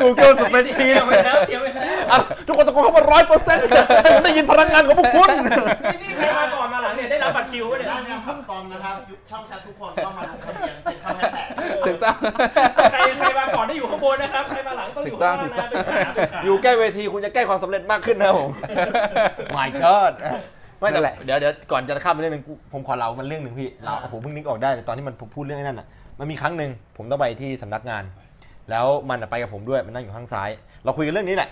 Speaker 1: Google Spreadsheet
Speaker 2: ตรียมไว้แล้วเตรียมไว้แล้ว
Speaker 1: อ่ะทุกคนตะโกนเข้ามาร้อยเปอร์เซ็นต์ได้ยินพลังงานของพวกคุณ
Speaker 2: นี่นี่ใครมาก่อนมาหลังเนี่ยได้รับบัตรคิวปะเนี่ย
Speaker 3: ด้านงานพับตอมนะครับ ยุคช่องแชททุกคนต้องมาลงทะเบียนเซ็นเข้าแฮชแท็ก
Speaker 4: ถูกต้อง
Speaker 2: ใครใครมาก่อนได้อยู่ข้างบนนะครับใครมาหลังต้องอยู่ข้างล่างนะเป็นขาเป็นขา
Speaker 1: อยู่ใกล้เวทีคุณจะใกล้ความสำเร็จมากขึ้นนะผม my god ไม่
Speaker 4: นั่
Speaker 1: แต่
Speaker 4: นแหละ
Speaker 1: เดี๋ยวเดี๋ยวก่อนจะข้ามไปเรื่องหนึงกูผมขอเล่ามันเรื่องหนึ่งพี่เล่าโอ้โหเพิ่งนึกออกได้แต่ตอนที่มันพูดเรื่องไอ้นั่นอ่ะมันมีครั้งหนึ่งผมต้องไปที่สำนักงาน แล้วมันอะไปกับผมด้วยมันนั่งอยู่ข้างซ้าย เราคุยกันเรื่องนี้แหละ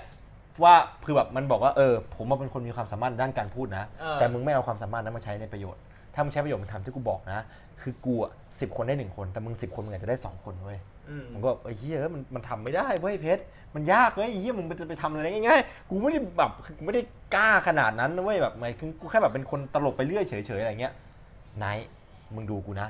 Speaker 1: ว่าคือแบบมันบอกว่าเออผมอะเป็นคนมีความสามารถด้านการพูดนะ
Speaker 2: เออ
Speaker 1: แต่มึงไม่เอาความสามารถนั้นมาใช้ในประโยชน์ ถ้ามึงใช้ประโยชน์มึงทำที่กูบอกนะ คือกูอ่ะสิบคนได้หนึ่งคน แต่มึงสิบคนมึงอาจจะได้สองคนเว้ย
Speaker 2: อืม
Speaker 1: ผมก็แบบไอ้เหี้ยมันมันทำไม่ได้เว้ยเพชรมันยากเว้ยไอ้เหี้ยมึงจะไปทำอะไรได้ง่ายๆกูไม่ได้แบบกูไม่ได้กล้าขนาดนั้นนะเว้ยแบบหมายถึงกูแค่แบบเป็นคนตลกไปเรื่อยเฉยๆอะไรเงี้ยไนท์มึงดูกูนะ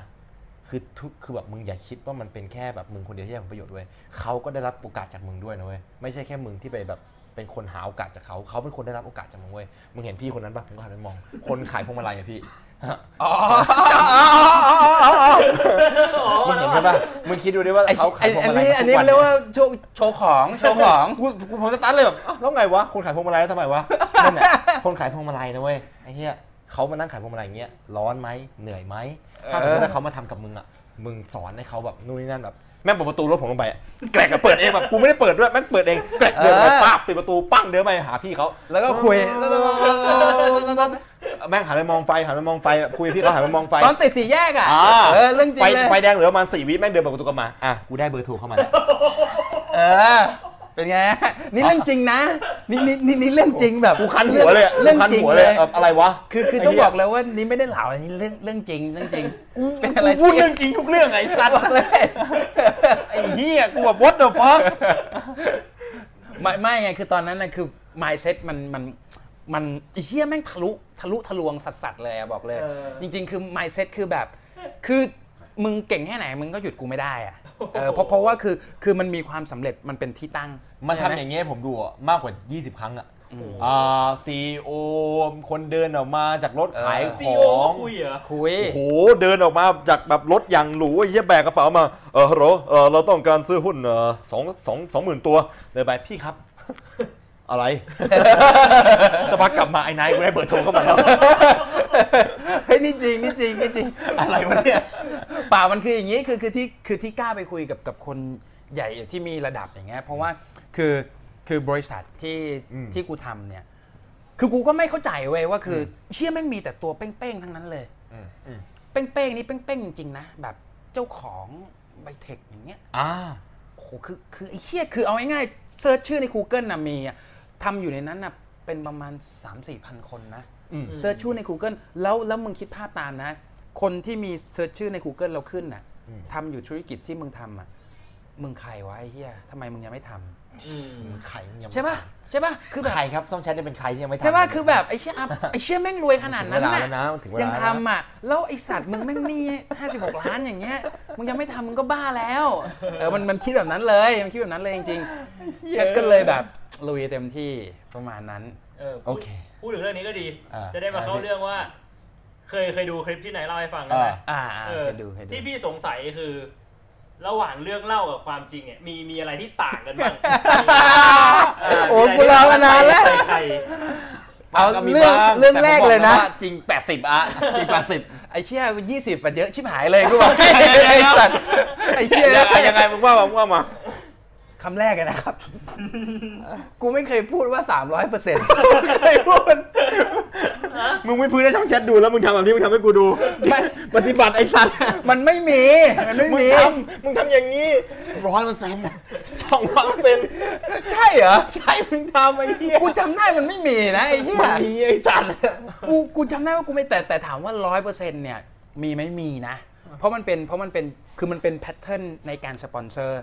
Speaker 1: คือทุกคือแบบมึงอย่าคิดว่ามันเป็นแค่แบบมึงคนเดียวที่ได้ผลประโยชน์เว้ยเขาก็ได้รับโอกาสจากมึงด้วยนะเว้ยไม่ใช่แค่มึงที่ไปแบบเป็นคนหาโอกาสจากเขาเขาเป็นคนได้รับโอกาสจากมึงเว้ยมึงเห็นพี่คนนั้นปะผมก็หันไปมอง คนขายพวงมาลัยอะพี่
Speaker 4: อ๋ออ๋ออ๋ออ๋ออ๋อ
Speaker 1: มึงเห็นใช่ปะมึงคิดดูดิว่า
Speaker 4: ไอ้
Speaker 1: เขาขายพวง
Speaker 4: อัน
Speaker 1: มาลัย
Speaker 4: นี้
Speaker 1: ทุก
Speaker 4: อันนี้
Speaker 1: วัน
Speaker 4: เรียก
Speaker 1: นี่ย
Speaker 4: ว่าโชว์โชว์ของโชว์ของ
Speaker 1: กูกูผมสตันเลยแบบอ้าวแล้วไงวะ คนขายพวงมาลัยแล้วทำไมวะนั่นแหละคนขายพวงมาลัยนะเว้ยไอ้เหี้ยเขามานั่งขายพวงมาลัยอย่างเงี้ยร้อนไหมเหนื่อยไหมถ้าสมมติว่าเขามาทำกับมึงอ่ะมึงสอนให้เขาแบบนู่นนี่นั่นแบบแม่งเปิดประตูรถผมลงไปอะแกรกอะเปิดเองแบบกูไม่ได้เปิดด้วยแม่งเปิดเองแกรกเดินไป
Speaker 4: เออ
Speaker 1: ปั๊บปิดประตูปั้งเดินไปหาพี่เขา
Speaker 4: แล้วก็คุย
Speaker 1: แม่งหันไปมองไฟหันไปมองไฟอะคุยกับพี่เขาหันไปมองไฟ
Speaker 4: ตอนติดสี่แยกอ่ะ
Speaker 1: อ่า
Speaker 4: เออเรื่องจริง
Speaker 1: ไฟ
Speaker 4: เลย
Speaker 1: ไฟแดงเหลือประมาณสี่วิแม่งเดินเปิดประตูกลับมาอ่ะกูได้เบอร์โทร เข้ามาแล้ว
Speaker 4: เออเป็นไงนี่เรื่องจริงนะนี่นี่นี่นี่เรื่องจริงแบบ
Speaker 1: กูคันหัวเลยอะ
Speaker 4: เรื่อง
Speaker 1: กูคัน
Speaker 4: จริง
Speaker 1: หัว
Speaker 4: เล
Speaker 1: เลย
Speaker 4: ย
Speaker 1: อะอะไรวะ
Speaker 4: คือคือต้อง
Speaker 1: ไเหี้
Speaker 4: บ
Speaker 1: ย
Speaker 4: อกเลยว่านี่ไม่ได้เหล่าอันนี้เรื่องเรื่องจริงเรื่องจริง เป็นอะไร
Speaker 1: กูพูดเรื่องจริงทุกเรื่องไอ้สัตว์
Speaker 4: เลย
Speaker 1: ไอ้เหี้ยกูแบบ what the fuck
Speaker 4: ไม่ไม่ไงคือตอนนั้นนะคือ mindset มันมันมันไอ้เฮี้ยแม่งทะลุทะลุทะลวงสัสๆเลยอะบอกเลย
Speaker 2: เออ
Speaker 4: จริง ๆ คือ mindset คือแบบ คือมึงเก่งแค่ไหนมึงก็หยุดกูไม่ได้อะเออเพราะเพราะว่าคือคือมันมีความสำเร็จมันเป็นที่ตั้ง
Speaker 1: มันทำ
Speaker 4: ใช่ไห
Speaker 1: อย่างเงี้ยให้ผมดูอะมากกว่า 20 ครั้งอะอ่าซีโอคนเดินออกมาจากรถขายข
Speaker 2: ซีโอ
Speaker 1: อ
Speaker 2: ก็
Speaker 1: ง
Speaker 2: คุยเหรอ
Speaker 4: คุย
Speaker 1: โอ้โหเดินออกมาจากแบบรถอย่างหรูไอ้เหี้ยแบกกระเป๋ามา เออฮัลโหลเออเราต้องการซื้อหุ้นเออสองสองสองหมื่นตัวเลยไปพี่ครับ อะไร สกพักกลับมาไอ้นายกูได้เบอร์โทรเข้ามาแล้ว
Speaker 4: เฮ้ยนี่จริงนี่จริงนี่จริง
Speaker 1: อะไรวะเนี่ย
Speaker 4: เปล่ามันคืออย่างนี้คือคือที่คือที่กล้าไปคุยกับกับคนใหญ่ที่มีระดับอย่างเงี้ยเพราะว่าคือคือบริษัทที่
Speaker 1: อืม
Speaker 4: ที่กูทำเนี่ยคือกูก็ไม่เข้าใจเว้ยว่าคืออเชี่ยแม่งมีแต่ตัวเป้งๆทั้งนั้นเลย
Speaker 1: อืมอืม
Speaker 4: เป้งๆนี่เป้งๆจริงๆนะแบบเจ้าของไบเทคอย่างเงี้ย
Speaker 1: อ่า
Speaker 4: โอ้โหคือคือไอ้เชี่ยคือเอาง่ายๆเซิร์ชชื่อใน Google นะมีอะทำอยู่ในนั้นนะเป็นประมาณ 3-4พันคนนะ
Speaker 1: อืม
Speaker 4: เซิร์ชชื่อใน Google แล้วแล้วมึงคิดภาพตามนะ คนที่มีเซิร์ชชื่อใน Google เราขึ้นน่ะ
Speaker 1: อืม
Speaker 4: ทำอยู่ธุรกิจที่มึงทำอ่ะ มึงใครวะไอ้เหี้ยทำไมมึงยังไม่ท
Speaker 1: ไข่มึงยัง
Speaker 4: ำ
Speaker 1: ไม่
Speaker 4: ใช่ปะใช่ปะคือแบบ
Speaker 1: ใครครับต้องใช้ได้เป็นใครที่ยังไม่ทำ
Speaker 4: ใช่ปะคือแบบไอ้เหี้ยอ่ะไอ้เหี้ยแม่งรวยขนาดนั้น
Speaker 1: ถึงเวลาแล้วนะมันถึงเวลายั
Speaker 4: ยังทำอ่ะ แล้วไอ้สัตว์มึงแม่งหนี่56 ล้านอย่างเงี้ย มึงยังไม่ทำมึงก็บ้าแล้ว เออมันมันคิดแบบนั้นเลยมันคิดแบบนั้นเลยจริงๆก็เลยแบบลุยเต็มที่ประมาณนั้น
Speaker 2: เออ
Speaker 1: โอเค
Speaker 2: พูดถึงเรื่องนี้ก็ดี
Speaker 1: อ่า
Speaker 2: จะได้มาเข้า
Speaker 1: ได้
Speaker 2: เรื่องว่า เคยเคยดูคลิปที่ไหนเล่าให้ฟังนะ
Speaker 1: อ่า
Speaker 4: อ่าๆ
Speaker 2: เออ
Speaker 4: ให้ดูให้ดู
Speaker 2: ที่พี่สงสัยคือ ระหว่างเรื่องเล่ากับความจริงเนี่ยมีมีอะไรที่ต่างกันบ้าง
Speaker 4: โอ้กูรอมานานแล้ว
Speaker 2: ใส่ใคร
Speaker 1: เอา
Speaker 4: เอาเรื่องเรื่องแรกเลยนะ
Speaker 1: จริง 80อ่ะจริง80
Speaker 4: ไอ้เชี่ยยี่สิบมันเยอะชิบหายเลยกูบอกไอ้สัตว์ไอ้เชี่ย
Speaker 1: ยังไงยังไงมึงว่ามามึง ว่ามา
Speaker 4: คำแรกอะนะครับ กูไม่เคยพูดว่า 300%เปอร์เซ็นต์
Speaker 1: ไอ้พวกมันมึงไม่พื้นให้ช่องแชทดูแล้วมึงทำแบบนี้มึงทำให้กูดู
Speaker 4: มัน
Speaker 1: ปฏิบัติไอ้สัตว์
Speaker 4: มันไม่มี มันไม่
Speaker 1: มึง
Speaker 4: มี
Speaker 1: ทำมึงทำอย่างนี้ร้อยเปอร์เซ็นต์สองร้อยเปอร์เซ็นต์
Speaker 4: ใช่เหรอ
Speaker 1: ใช่มึงทำไอ้เหี้ย
Speaker 4: กูจำได้มันไม่มีนะไอ้เหี้ย
Speaker 1: มันมีไอ้สัตว์
Speaker 4: กูกูจำได้ว่ากูไม่แต่แต่ถามว่า 100%เนี่ย มีไหมมีนะ เพราะมันเป็นเพราะมันเป็นคือมันเป็นแพทเทิร์นในการสปอนเซอร์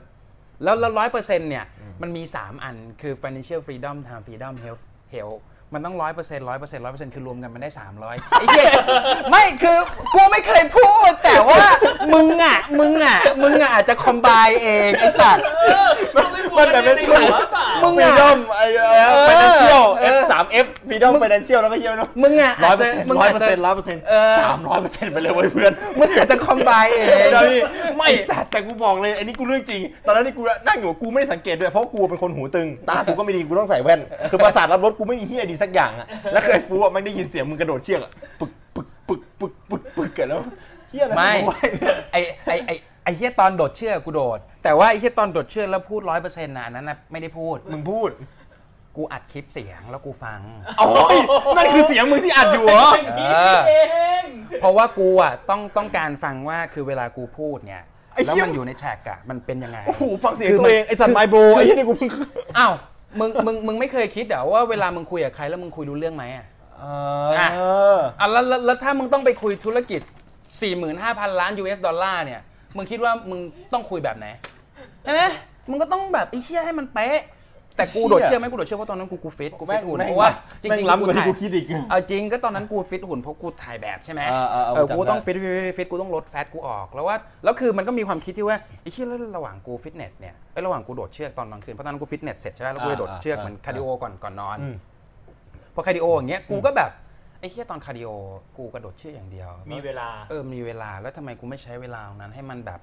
Speaker 4: แล้วแล้วร้อยเปอร์เซ็นต์เนี่ย มันมี 3 อันคือ financial freedom time freedom health health มันต้องร้อยเปอร์เซ็นต์ร้อยเปอร์เซ็นต์ร้อยเปอร์เซ็นต์คือรวมกันมันได้สามร้อยไอ้เหี้ยไม่คือกูไม่เคยพูด แต่ว่ามึงอ่ะ มึงอ่ะ มึงอ่ะอาจจะคอมไบเองไอ้สัตว์
Speaker 1: มันแบบเป็นตัว
Speaker 4: มึง
Speaker 1: ฟรี
Speaker 4: อ่ะ
Speaker 1: ดอมไอ้ไฟแนนเชียล F สาม F ฟรีดอม
Speaker 4: มึง
Speaker 1: ไฟแนนเชียลแล้วก็เยี่ยมเนาะ
Speaker 4: มึงอ่ะ
Speaker 1: ร้
Speaker 4: อา
Speaker 1: อย
Speaker 4: จ
Speaker 1: เปอร์
Speaker 4: จะ
Speaker 1: เซ็นต์
Speaker 4: มึง
Speaker 1: ร้อย
Speaker 4: อาจ
Speaker 1: เปอร์
Speaker 4: จะ
Speaker 1: เซ็นต์ร้อยเปอร์เซ็นต์
Speaker 4: เออ
Speaker 1: สามร้อยเปอร์เซ็นต์ไปเลยเว้ยเพื่อน
Speaker 4: มึงอาจจะคอมไบเอง
Speaker 1: ไม่ได้พี่ไม่แต่กูบอกเลยอันนี้กูเรื่องจริง ตอนนั้นนี่กูนั่งอยู่กูไม่ได้สังเกตด้วยเพราะกูเป็นคนหูตึง ตากูก็ไม่ดีกูต้องใส่แว่น คือประสาทรับรสกูไม่มีเฮียดีสักอย่างอะแล้วเคยฟูอะไม่งได้ยินเสียงมึงกระโดดเชือกอะปึกปึกปึกปึกปึกปึกเกิดแล้วเฮียอะไร
Speaker 4: ไม่
Speaker 1: กูว่าเนี่ย
Speaker 4: ไอไอไอไอเฮียตอนโดดเชือกกูโดด แต่ว่าไอเฮียตอนโดดเชือกแล้วพูดร้อยเปอร์เซ็นต์นะอันนั้นนะไม่ได้พูด
Speaker 1: มึงพูด
Speaker 4: กูอัดคลิปเสียงแล้วกูฟัง
Speaker 1: โอ้ยนั่นคือเสียงมึงที่อัดอยู่เหรอ
Speaker 4: เออ
Speaker 2: เอง
Speaker 4: เพราะว่ากูอ่ะต้องต้องการฟังว่าคือเวลากูพูดเนี่ย
Speaker 1: ไอ้
Speaker 4: แล้ว
Speaker 1: เฮีย
Speaker 4: มันอยู่ในแทร็กอะมันเป็นยังไง
Speaker 1: โอ้โหฟังเสียง
Speaker 4: คือ
Speaker 1: ตั
Speaker 4: มั
Speaker 1: วน เองไอ้สัต
Speaker 4: คื
Speaker 1: ว์
Speaker 4: อ
Speaker 1: ไมโบไอ้เฮียนี่กูเพิ่ง
Speaker 4: อ้าวมึงมึงมึงไม่เคยคิดเหรอว่าเวลามึงคุยกับใครแล้วมึงคุยรู้เรื่องไหมอะ
Speaker 1: เออ
Speaker 4: อ อ่ะแล้วแล้วแล้วถ้ามึงต้องไปคุยธุรกิจ 45,000 ล้าน US ดอลลาร์เนี่ย มึงคิดว่ามึงต้องคุยแบบไหนใช่ไหมมึงก็ต้องแบบไอ้เชี่ยให้มันเป๊ะ แต่กูโดดเชื่อกไหมกูโดดเชื่อกเพราะตอนนั้นกูกูฟิตกู
Speaker 1: แม่ง
Speaker 4: ฟิตหุ่น
Speaker 1: แม่ง
Speaker 4: เพราะว่าจ
Speaker 1: แม่
Speaker 4: ริ
Speaker 1: ง
Speaker 4: งๆ
Speaker 1: ล้ำ
Speaker 4: กู
Speaker 1: กว่าที่
Speaker 4: ถ่าย
Speaker 1: กูคิดอีก
Speaker 4: เอาจริงก็ตอนนั้นกูฟิตหุ่นเพราะกูถ่ายแบบใช่ไหม
Speaker 1: เออเออเออ
Speaker 4: เออ
Speaker 1: จำได้
Speaker 4: กูต้องฟิตฟิตฟิตฟิตกูต้องลดแฟตกูออกแล้วว่าแล้วคือมันก็มีความคิดที่ว่าไอ้เชี่ยแล้วระหว่างกูฟิตเนสเนี่ยไอ้ยระหว่างกูโดดเชือกตอนกลางคืนเพราะตอนนั้นกูฟิตเนสเสร็จใช่ไหมแล้วกูไปโดดเชือกเหมือนคาร์ดิโอก่อนก่อนนอน
Speaker 1: อืม
Speaker 4: พอคาร์ดิโออย่างเงี้ยกูก็แบบไอ้เหี้ยตอนคาร์ดิโอกูกระโดดเชือกอย่างเดียว
Speaker 2: มีเวลา
Speaker 4: เออมีเวลาแล้วทำไมกูไม่ใช้เวลาตรงนั้นให้มันแบบ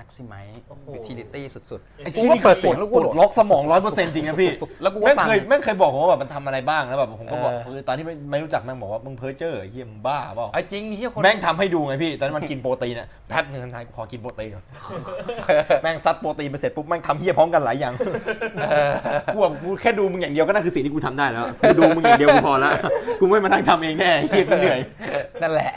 Speaker 4: maximize
Speaker 2: โอ้โห
Speaker 4: utility สุด
Speaker 1: ไอ้
Speaker 4: ๆกู
Speaker 1: ที่
Speaker 4: ก็
Speaker 1: นี่
Speaker 4: เปิดเสียงแล้วกู
Speaker 1: ป
Speaker 4: โด
Speaker 1: ด
Speaker 4: ด
Speaker 1: ล็อกสมองร้อยเปอร์เซ็นต์จริงนะพี่
Speaker 4: แล้วกูก็
Speaker 1: แม่ง
Speaker 4: ฟัง
Speaker 1: เคยแม่งเคยบอกผมว่าแบบมันทำอะไรบ้างแล้วแบบผมก็บอก
Speaker 4: เออ
Speaker 1: เออตอนที่ไม่ไม่รู้จักแม่งบอกว่ามึงเพ้อเจ้อไอ้เหี้ยมึงบ้าเปล่า
Speaker 4: ไอ้จริงเหี้ยคน
Speaker 1: แม่งทำให้ดูไงพี่ ตอนนั้นมันกินโปรตีนอะแป๊บหนึงทันทายกูขอกินโปรตีนก่อนแม่งซัดโปรตีนไปเสร็จปุ๊บแม่งทำเหี้ยพร้อมกันหลายอย่างกูแบบกูแค่ดูมึงอย่างเดียวก็นั่นคือสิ่งที่กูทำได้แล้วกูดูมึงอย่างเดียวกูพอละกูไม่มานั่งทำเองแน่ไอ้เหี้ยกูเหนื่อย
Speaker 4: นั่นแหละ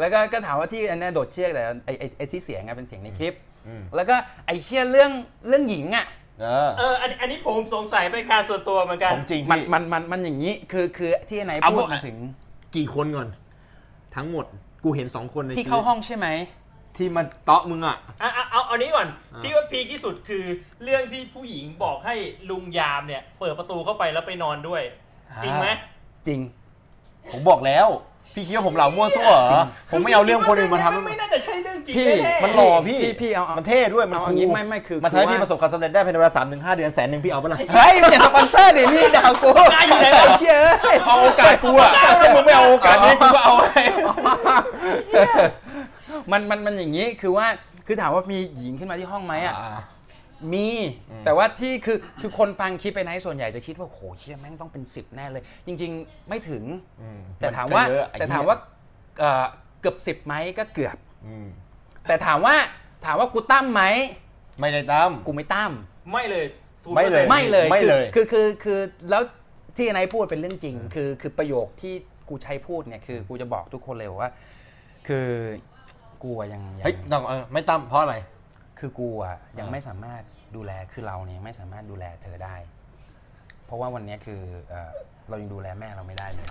Speaker 4: แล้วก็ก็ถามว่าที่อันเนี้ยโดดเชือกแต่ไอ้ไอ้ไอ้ที่เสียงอะเป็นเสียงในคลิป
Speaker 1: อืม
Speaker 4: แล้วก็ไอ้เหี้ยเรื่องเรื่องหญิงอะ
Speaker 1: เออ
Speaker 2: เอออันอันนี้ผมสงสัยเป็นการส่วนตัวเหมือนกัน
Speaker 1: ของจริง
Speaker 4: มัน
Speaker 1: พี่
Speaker 4: มันมันมันอย่างนี้คือคือที่ไหน
Speaker 1: เอา
Speaker 4: พู
Speaker 1: ห
Speaker 4: ด
Speaker 1: มด
Speaker 4: มาถึง
Speaker 1: กี่คนก่อน ทั้งหมดกูเห็นสองคนใน
Speaker 4: ที่
Speaker 1: ชีวิต
Speaker 4: เข้าห้องใช่ไหม
Speaker 1: ที่มาเตาะมึงอะ
Speaker 2: อ่ะเอาเอาเอานี้ก่อน
Speaker 1: อ่ะ
Speaker 2: ที่ว่าพีคที่สุดคือเรื่องที่ผู้หญิงบอกให้ลุงยามเนี่ย เปิดประตูเข้าไปแล้วไปนอนด้วย จริงไหม
Speaker 4: จริง
Speaker 1: ผมบอกแล้ว พี่คิดว่าผมเหล่ามั่วซั่วเหรอผมไม่เอาเรื่องคนอื่นมาทำ
Speaker 2: ไม่น่าจะใช่เรื่องจริง
Speaker 4: พี่
Speaker 2: แๆ
Speaker 1: มันหล่อพี่
Speaker 4: พี่พี่เอาเอามั
Speaker 1: มันเท่ด้วยมัน
Speaker 4: เอา
Speaker 1: คู
Speaker 4: เอา
Speaker 1: ล
Speaker 4: งี้ไม่ไม่คือ
Speaker 1: มันทำให้
Speaker 4: คือว่า
Speaker 1: พี่ประสบความสำเร็จได้ภายในเวลาสามถึงห้าเดือนแสนหนึ่งพี่เอาปะล่ะ
Speaker 4: เฮ้ยอย่าสปอนเซอร์ดินี่ด่ากู
Speaker 2: ได้อยู่แล้ว
Speaker 4: เหี้ยเอ้ย
Speaker 1: เอาโอกาสกูอะถ้ามึงไม่เอาโอกาสนี้กูก็เอาไว้
Speaker 4: มันมันมันอย่างนี้คือว่าคือถามว่ามีหญิงขึ้นมาที่ห้องไหมอ่ะ
Speaker 1: อ่า
Speaker 4: มี แต่ว่าที่คือคือคนฟังคลิปไปไหนส่วนใหญ่จะคิดว่าโหเชี่ยแม่งต้องเป็นสิบแน่เลย จริง ๆ ไม่ถึง
Speaker 1: อืม
Speaker 4: แต่ถามว่าน
Speaker 1: ก็เยอะไอ้
Speaker 4: แต่
Speaker 1: เหี้ย
Speaker 4: ถามว่าเอ่อเกือบสิบไหมก็เกือบ
Speaker 1: อืม
Speaker 4: แต่ถามว่าถามว่ากูตั้มไหม
Speaker 1: ไม่ได้ตาม
Speaker 4: กูไม่ตั้ม
Speaker 2: ไม่เลย0%
Speaker 1: ไม่เลย
Speaker 4: ไม่เลย
Speaker 1: ไม่
Speaker 4: คือ
Speaker 1: เลย
Speaker 4: คือคือคือแล้วที่ไหนพูดเป็นเรื่องจริง คือคือประโยคที่กูใช้พูดเนี่ยคือกูจะบอกทุกคนเลยว่า คือกูอะยังยัง
Speaker 1: เฮ้ยต้องเออไม่ตามเพราะอะไร
Speaker 4: คือกูอ่ะยัง
Speaker 1: อ่า
Speaker 4: ไม่สามารถดูแลคือเราเนี่ยไม่สามารถดูแลเธอได้ เพราะว่าวันเนี้ยคือเอ่อเรายังดูแลแม่เราไม่ได้เลย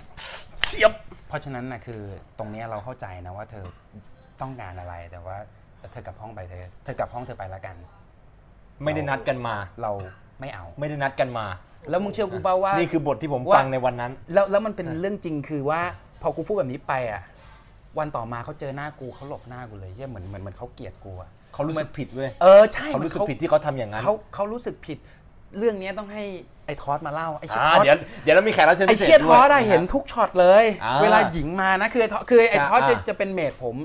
Speaker 1: เชียบ
Speaker 4: เพราะฉะนั้นนะคือตรงเนี้ยเราเข้าใจนะว่าเธอต้องการอะไรแต่ว่าเธอกลับห้องไปเธอเธอกลับห้องเธอไปละกัน
Speaker 1: ไม่ได้นัดกันมา
Speaker 4: เราไม่เอา
Speaker 1: ไม่ได้นัดกันมา
Speaker 4: แล้วมึงเชื่อกูเปล่าว่า
Speaker 1: นี่คือบทที่ผม
Speaker 4: ว่า
Speaker 1: ฟังในวันนั้น
Speaker 4: แล้วแล้วมันเป็นเรื่องจริงคือว่า พอกูพูดแบบนี้ไปอ่ะวันต่อมาเขาเจอหน้ากูเขาหลบหน้ากูเลยเหี้ยเหมือนเหมือนเหมือนเขาเกลียดกูอะ
Speaker 1: เขารู้สึกผิดเว้ย
Speaker 4: เออใช่
Speaker 1: เขา
Speaker 4: หมือ
Speaker 1: รู้
Speaker 4: น
Speaker 1: สึกผิดที่เขาทำอย่างนั้น
Speaker 4: เขาเขารู้สึกผิดเรื่องเนี้ยต้องให้ไอ้ทอสมาเล่าไอ้เชี่ย
Speaker 1: อ่า
Speaker 4: ทอส
Speaker 1: เดี๋ยวเดี๋ยวเรามีแขกรับเชิญ
Speaker 4: ไอ้
Speaker 1: พิเศษ
Speaker 4: เชี่ย
Speaker 1: ด้
Speaker 4: ท
Speaker 1: วย
Speaker 4: อสอะ
Speaker 1: ะฮะ
Speaker 4: เห็นทุกช็อตเลย
Speaker 1: อ่า
Speaker 4: เวลาหญิงมานะคือไอ้ทอสคือไอ้ทอสจะ
Speaker 1: อ่า
Speaker 4: จะเป็นเมดผม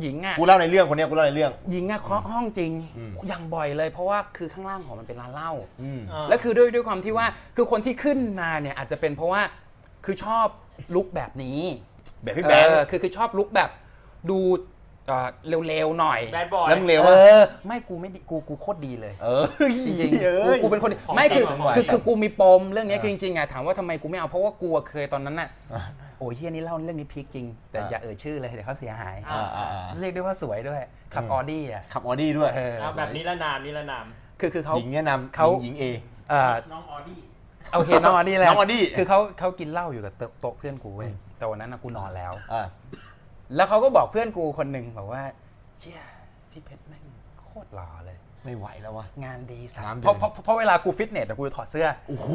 Speaker 4: หญิงอะ
Speaker 1: กูเล่าในเรื่องคนเนี้ยกูเล่าในเรื่อง
Speaker 4: หญิงอะเคาะห้องจริง
Speaker 1: อืม
Speaker 4: อย่างบ่อยเลยเพราะว่าคือข้างล่างของมันเป็นร้านเหล้า
Speaker 1: อืม
Speaker 2: อ่า
Speaker 4: แล้วคือด้วยด้วยความที่ว่าคือคนที่ขึ้นมาเนี่ยอาจจะเป็นเพราะว่า คือชอบลุคแบบนี้
Speaker 6: แบบพี่แบงค์
Speaker 4: เออคือคือชอบลุคแบบดูเอ่อเร็วๆหน่อย
Speaker 2: แบดบอย
Speaker 1: แล้วมึงเร็ว
Speaker 4: เอ
Speaker 1: อะ
Speaker 4: อไม่กูไม่ดีกูกูโคตรดีเลย
Speaker 1: เออ
Speaker 4: จริง
Speaker 1: เอ้ย
Speaker 4: ๆกูกูเป็นคน
Speaker 2: ของ
Speaker 4: ไม่คือ
Speaker 2: จริงของ
Speaker 4: คือ
Speaker 2: จริง
Speaker 4: คือกูมีปมเรื่องนี้คือจริงๆอ่ะถามว่าทำไมกูไม่เอาเพราะว่ากลัวเคยตอนนั้นน่ะโอ้ยเฮียนี่เล่าเรื่องนี้พีคจริง แต่
Speaker 1: อ่า
Speaker 4: อย่าเอ่ยชื่อเลยเดี๋ยวเขาเสียหาย
Speaker 2: อ่า
Speaker 1: อ่าอ่า
Speaker 4: เรียกได้ว่าสวยด้วยขับออดี้อ่ะ
Speaker 1: ขับออดี้ด้วย
Speaker 4: เออ
Speaker 2: เอาแบบนี้ละนามนี้ละนาม
Speaker 4: คือคือเขา
Speaker 1: หญิงเนี่ยนำ
Speaker 4: เขา
Speaker 1: หญิงเอ
Speaker 4: เอ่อ
Speaker 7: น้องออดี้
Speaker 4: โอเคน้องออดี้แหละ
Speaker 1: น้องออดี้
Speaker 4: คือเขาเขากินเหล้าอยู่กับโต๊ะโต๊ะเพื่อนกูเว้ยแต่วันนั้นน่ะกูนอนแล้ว
Speaker 1: อ่า
Speaker 4: แล้วเขาก็บอกเพื่อนกูคนหนึ่งบอกว่าเชี่ยพี่เพชรแม่งโคตรหล่อเลย
Speaker 1: ไม่ไหวแล้ววะ
Speaker 4: งานดีสัต
Speaker 1: สาม
Speaker 4: ว์
Speaker 1: เดื
Speaker 4: เพ
Speaker 1: อน
Speaker 4: ราะเพราะเพราะเวลากูฟิตเนสอะกูจะถอดเสื้อ
Speaker 1: โอ้โห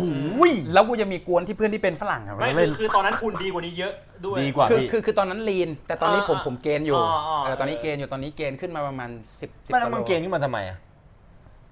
Speaker 4: แล้วกูจะมีกวนที่เพื่อนที่เป็นฝรั่งอะ
Speaker 2: ไม่
Speaker 4: เล่น
Speaker 2: คือคือตอนนั้นคุณดีกว่านี้เยอะด้วย
Speaker 1: ดีกว่า
Speaker 4: คือ
Speaker 1: พี่
Speaker 4: คือคือตอนนั้นลีน แต่ตอนนี้ผม
Speaker 2: อ่า
Speaker 4: ผมเกณฑ์อยู่
Speaker 2: อ่าอ่า
Speaker 4: เออตอนนี้เกณฑ์อยู่ตอนนี้เกณฑ์ขึ้นมาประมาณ 10บสิบ
Speaker 1: ไม่แล้วมึงเกณฑ์ขึ้นมาทำไมอ่ะ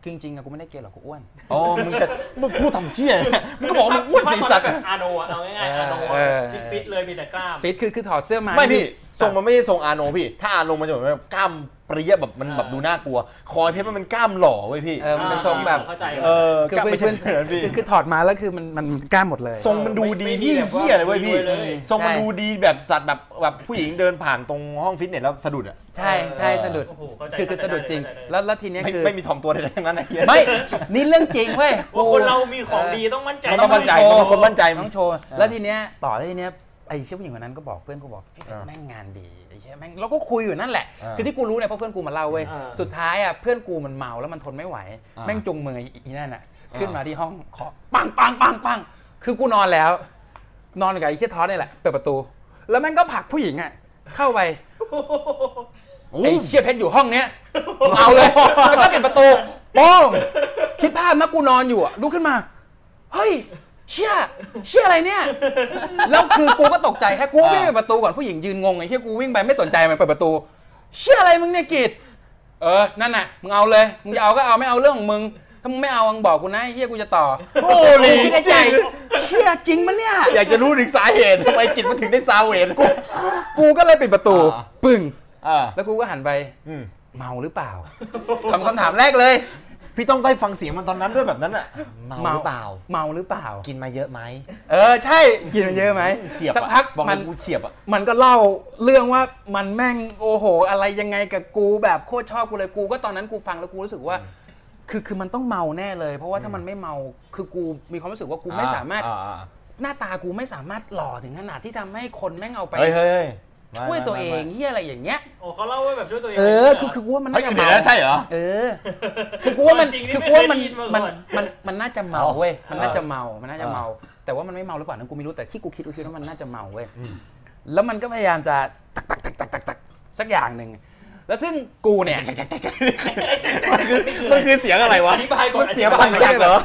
Speaker 4: คือจริงๆอะกูไม่ได้เกณฑ์หรอกกูอ้วน
Speaker 1: อ๋อมึงจะ มึงพูดทำเชี่ย เนี่ยมึงก็บอกว่ามึงอ้วนสีสัตว์
Speaker 2: แบบอาโนอะเอาง่ายๆอาโน
Speaker 4: เออ
Speaker 2: ฟิตฟิตเลยมีแต่กล้าม
Speaker 4: ฟิตคือคือถอดเสื้อมา
Speaker 1: ไม่พี่
Speaker 4: นี่
Speaker 1: ทรงมันไม่ใช่ทรงอาโนพี่ ถ้าอาโนมันจะแบบกล้ามเปรี้ยแบบมัน
Speaker 2: อ่า
Speaker 1: แบบดูน่ากลัว คอยเพชรมันเป็นกล้ามหล่อเว้ยพี่
Speaker 4: เออมันเป็นทรงแบบ
Speaker 2: เข้าใจ
Speaker 1: เออ
Speaker 4: คือก
Speaker 1: ล้าม
Speaker 4: เพื่อ
Speaker 1: ไม่
Speaker 4: น
Speaker 1: ใช่
Speaker 4: เพื่
Speaker 1: เหมือ
Speaker 4: อน
Speaker 1: นพี่
Speaker 4: คือคือถอดมาแล้วคือมันมันกล้ามหมดเลย
Speaker 1: ทรงมันดูดีที่เหี้ยเลยเว้ยพี่
Speaker 2: ไม่ดี
Speaker 1: ทรงมันดูดีแบบสัตว์แบบแบบผู้หญิงเดินผ่านตรงห้องฟิตเนสแล้วสะดุดอ่ะ
Speaker 4: ใช่ใช่สะดุด
Speaker 2: โอ้โหเข้าใจ
Speaker 4: คือคือสะดุดจริง
Speaker 2: เข้าใจได้
Speaker 4: แล้วแล้วทีเนี้ย
Speaker 1: ไม่
Speaker 4: คือ
Speaker 1: ไม่มีถ่อมตัวใดๆทั้งนั้นนะเฮีย
Speaker 4: ไม่นี่เรื่องจริงเว้ย
Speaker 2: ว่าคนเรามีของดีต้องมั่นใจ
Speaker 1: มันต้องมั่นใจมันเป็นคนมั่นใจ
Speaker 4: ต้องโชว์แล้วทีเนี้ยต่อแล้วทีเนี้ยไอ้เชี่ยผู้หญิงคนนั้นก็บอกเพื่อนกูบอกพี่เพชร
Speaker 1: อ่า
Speaker 4: แม่งงานดีไอ้เชี่ยแม่งเราก็คุยอยู่นั่นแหละ
Speaker 1: อ่า
Speaker 4: คือที่กูรู้เนี่ยเพราะเพื่อนกูมาเล่าเว้ย
Speaker 2: อ่า
Speaker 4: สุดท้ายอ่ะเพื่อนกูมันเมาแล้วมันทนไม่ไหว แม่งจุงมืออีนั่นอ่ะขึ้นมาที่ห้องขอปังปังปังปังคือกูนอนแล้ว นอนกับไอ้เชี่ยทอสเนี่ยแหละเปิดประตู แล้วแม่งก็ผลักผู้หญิงอ่ะเข้าไป
Speaker 1: โอ้
Speaker 4: ไอ้
Speaker 1: ย
Speaker 4: เชี่ยเพชรอยู่ห้องเนี้ยมึงเอาเลย แล้วก็ปิดประตูโป้งคิดภาพนะกูนอนอยู่อะลุกขึ้นมา เฮ้ย เชี่ยเชี่ยอะไรเนี่ย แล้วคือกูก็ตกใจแค่กูไม่ง
Speaker 1: อ่า
Speaker 4: ไปปิดประตูก่อนผู้หญิงยืนงงไอ้เชี่ยกูวิ่งไปไม่สนใจมันเปิดประตู เชี่ยอะไรมึงเนี่ยกิจเออ นั่นน่ะ มึงเอาเลย มึงจะเอาก็เอาไม่เอาเรื่องของมึง ถ้ามึงไม่เอามึงบอกกูนะไอ้เชี่ยกูจะต่อ
Speaker 1: โอ้
Speaker 4: กู
Speaker 1: ลี
Speaker 4: คิดในใจเชี่ยจริงปะเนี่ย
Speaker 1: อยากจะรู้ถึงสาเหตุทำไมจิตมันถึงได้ซาเวน
Speaker 4: กูก็เลยปิดประตู
Speaker 1: อ่า
Speaker 4: ปึ้ง
Speaker 1: อ่า
Speaker 4: แล้วกูก็หันไป
Speaker 1: อืม
Speaker 4: เมาหรือเปล่า คำคำถามแรกเลย
Speaker 1: พี่ต้องได้ฟังเสียงมันตอนนั้นด้วยแบบนั้นอ่ะ
Speaker 4: เมาหรือเปล่า เมาหรือเปล่า
Speaker 1: กินมาเยอะไหม
Speaker 4: เออใช่ กินมันเยอะไหม
Speaker 1: เฉียบ
Speaker 4: สัก
Speaker 1: อะ
Speaker 4: พัก
Speaker 1: บอกเล
Speaker 4: มั
Speaker 1: ย
Speaker 4: น
Speaker 1: กูเฉียบอ่ะ
Speaker 4: มันก็เล่าเรื่องว่ามันแม่งโอ้โห อะไรยังไงกับกูแบบโคตรชอบกูเลยกูก็ตอนนั้นกูฟังแล้วกูรู้สึกว่า คือคือมันต้องเมาแน่เลย เพราะว่าถ้ามันไม่เมาคือกูมีความรู้สึกว่ากูไม่สามารถ หน้าตากูไม่สามารถหล่อถึงขนาดที่ทำให้คนแม่งเอาไป
Speaker 1: เฮ้ยเฮ้ยเฮ้ยไม่
Speaker 4: ช่วยตัวเอ
Speaker 1: ไม่
Speaker 4: งเหียอะไรอย่างเงี้ย
Speaker 2: โอ้เขาเล่าว่าแบบช่วยตัวเอง
Speaker 4: เออ
Speaker 2: ได้
Speaker 4: คือคือกูว่ามัน
Speaker 1: ไม่
Speaker 4: น่า
Speaker 1: เฮ้ย
Speaker 4: จะ
Speaker 1: เดี๋ย
Speaker 4: เมาว
Speaker 1: นะใช่เหรอ
Speaker 4: เออ คือกูว่ามัน
Speaker 2: จริง
Speaker 4: คือ
Speaker 2: ไ
Speaker 4: กูว่ามัน
Speaker 2: เยได้ยิ
Speaker 4: มั
Speaker 2: มัน นก่อน
Speaker 4: มันมันน่าจะเมา
Speaker 1: อ๋อ
Speaker 4: เว้ยมันน่า
Speaker 1: เออ
Speaker 4: จะเมามันน่าจะ
Speaker 1: เออ
Speaker 4: เมา แต่ว่ามันไม่เมาหรือเปล่านั้นกูไม่รู้แต่ที่กูคิดกูคิดว่ามันน่าจะเมาเว้ยแล้วมันก็พยายามจะตักตักตักตักตักตักสักอย่างหนึ่งแล้วซึ่งกูเนี่ย
Speaker 1: มันคือมันคือเสียงอะไรวะ
Speaker 2: อธิบายก่อน
Speaker 1: มันเสียพันจักเหรอ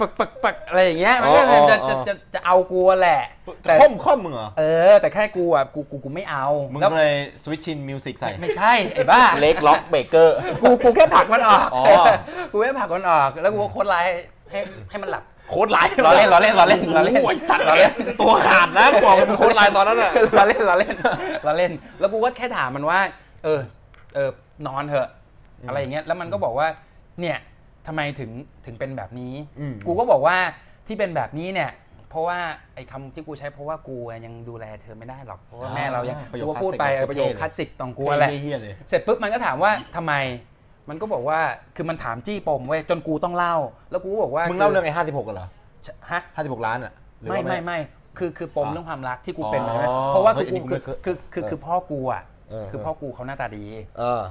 Speaker 4: ปักปักปักปักอะไรอย่างเงี้ยมันก็พยายามจะจะจะจะเอากูอะแหละ แต่
Speaker 1: ค่อมค่อมมึงเหรอ
Speaker 4: เออ แต่แค่กูอ่ะกูกูกูไม่เอาม
Speaker 1: มึง
Speaker 4: แล้ว
Speaker 1: เลยสวิตชินมิวสิกใส่
Speaker 4: ไม่ใช่ไอ้บ้า
Speaker 1: เล็กล็อกเบเกอร์
Speaker 4: กูกูแค่ผลักมันออก
Speaker 1: อ๋อ
Speaker 4: กูแค่ผลักมันออก แล้วกูก็โค้ดไลน์ให้ให้มันหลับ
Speaker 1: โคตรร้าย
Speaker 4: ล้อเล่นล้อเล่นล้อเล่นล้อเล่น
Speaker 1: โอ้ยสัตว์ล้อเล่นตัวขาดนะบอกเลยมันโคตรร้ายตอนนั้นอ่ะ
Speaker 4: เรา เล่นเราเล่นเราเล่น แล้วกูก็แค่ถามมันว่า เออ เออ นอนเถอะ อะไรอย่างเงี้ย แล้วมันก็บอกว่า เนี่ยทำไมถึง ถึงเป็นแบบนี้
Speaker 1: อืม
Speaker 4: กูก็บอกว่า ที่เป็นแบบนี้เนี่ย เพราะว่า ไอ้คำที่กูใช้เพราะว่ากูอะยังดูแลเธอไม่ได้หรอก เพราะว่าแม่เรายังกูก็พูดไปเออประโยคคลาสสิกตองกูแหละ
Speaker 1: เหี้ยเลย
Speaker 4: เสร็จปุ๊บมันก็ถามว่าทำไม มันก็บอกว่า คือมันถามจี้ปมเว้ย จนกูต้องเล่า แล้วกูก็บอกว่า
Speaker 1: มึ
Speaker 4: มึ
Speaker 1: งเล่าเรื่องไอ้ห้าสิบหกกันเหรอ
Speaker 4: ฮะ
Speaker 1: ห้าสิบหกล้านอ่ะหรือ
Speaker 4: ไม่
Speaker 1: ว่า
Speaker 4: ไม่ไม่คือคือปม
Speaker 1: อ๋อ
Speaker 4: เรื่องความรักที่กูเป็นมา
Speaker 1: อ๋อ
Speaker 4: เพราะว่าคือ
Speaker 1: เฮ้ย
Speaker 4: กู
Speaker 1: อันนี้
Speaker 4: คือ
Speaker 1: กูไม่เคย
Speaker 4: คือคือคือพ่อกูอ่ะ
Speaker 1: เออ
Speaker 4: คือพ่อกูเขาหน้าตาดี
Speaker 1: เออ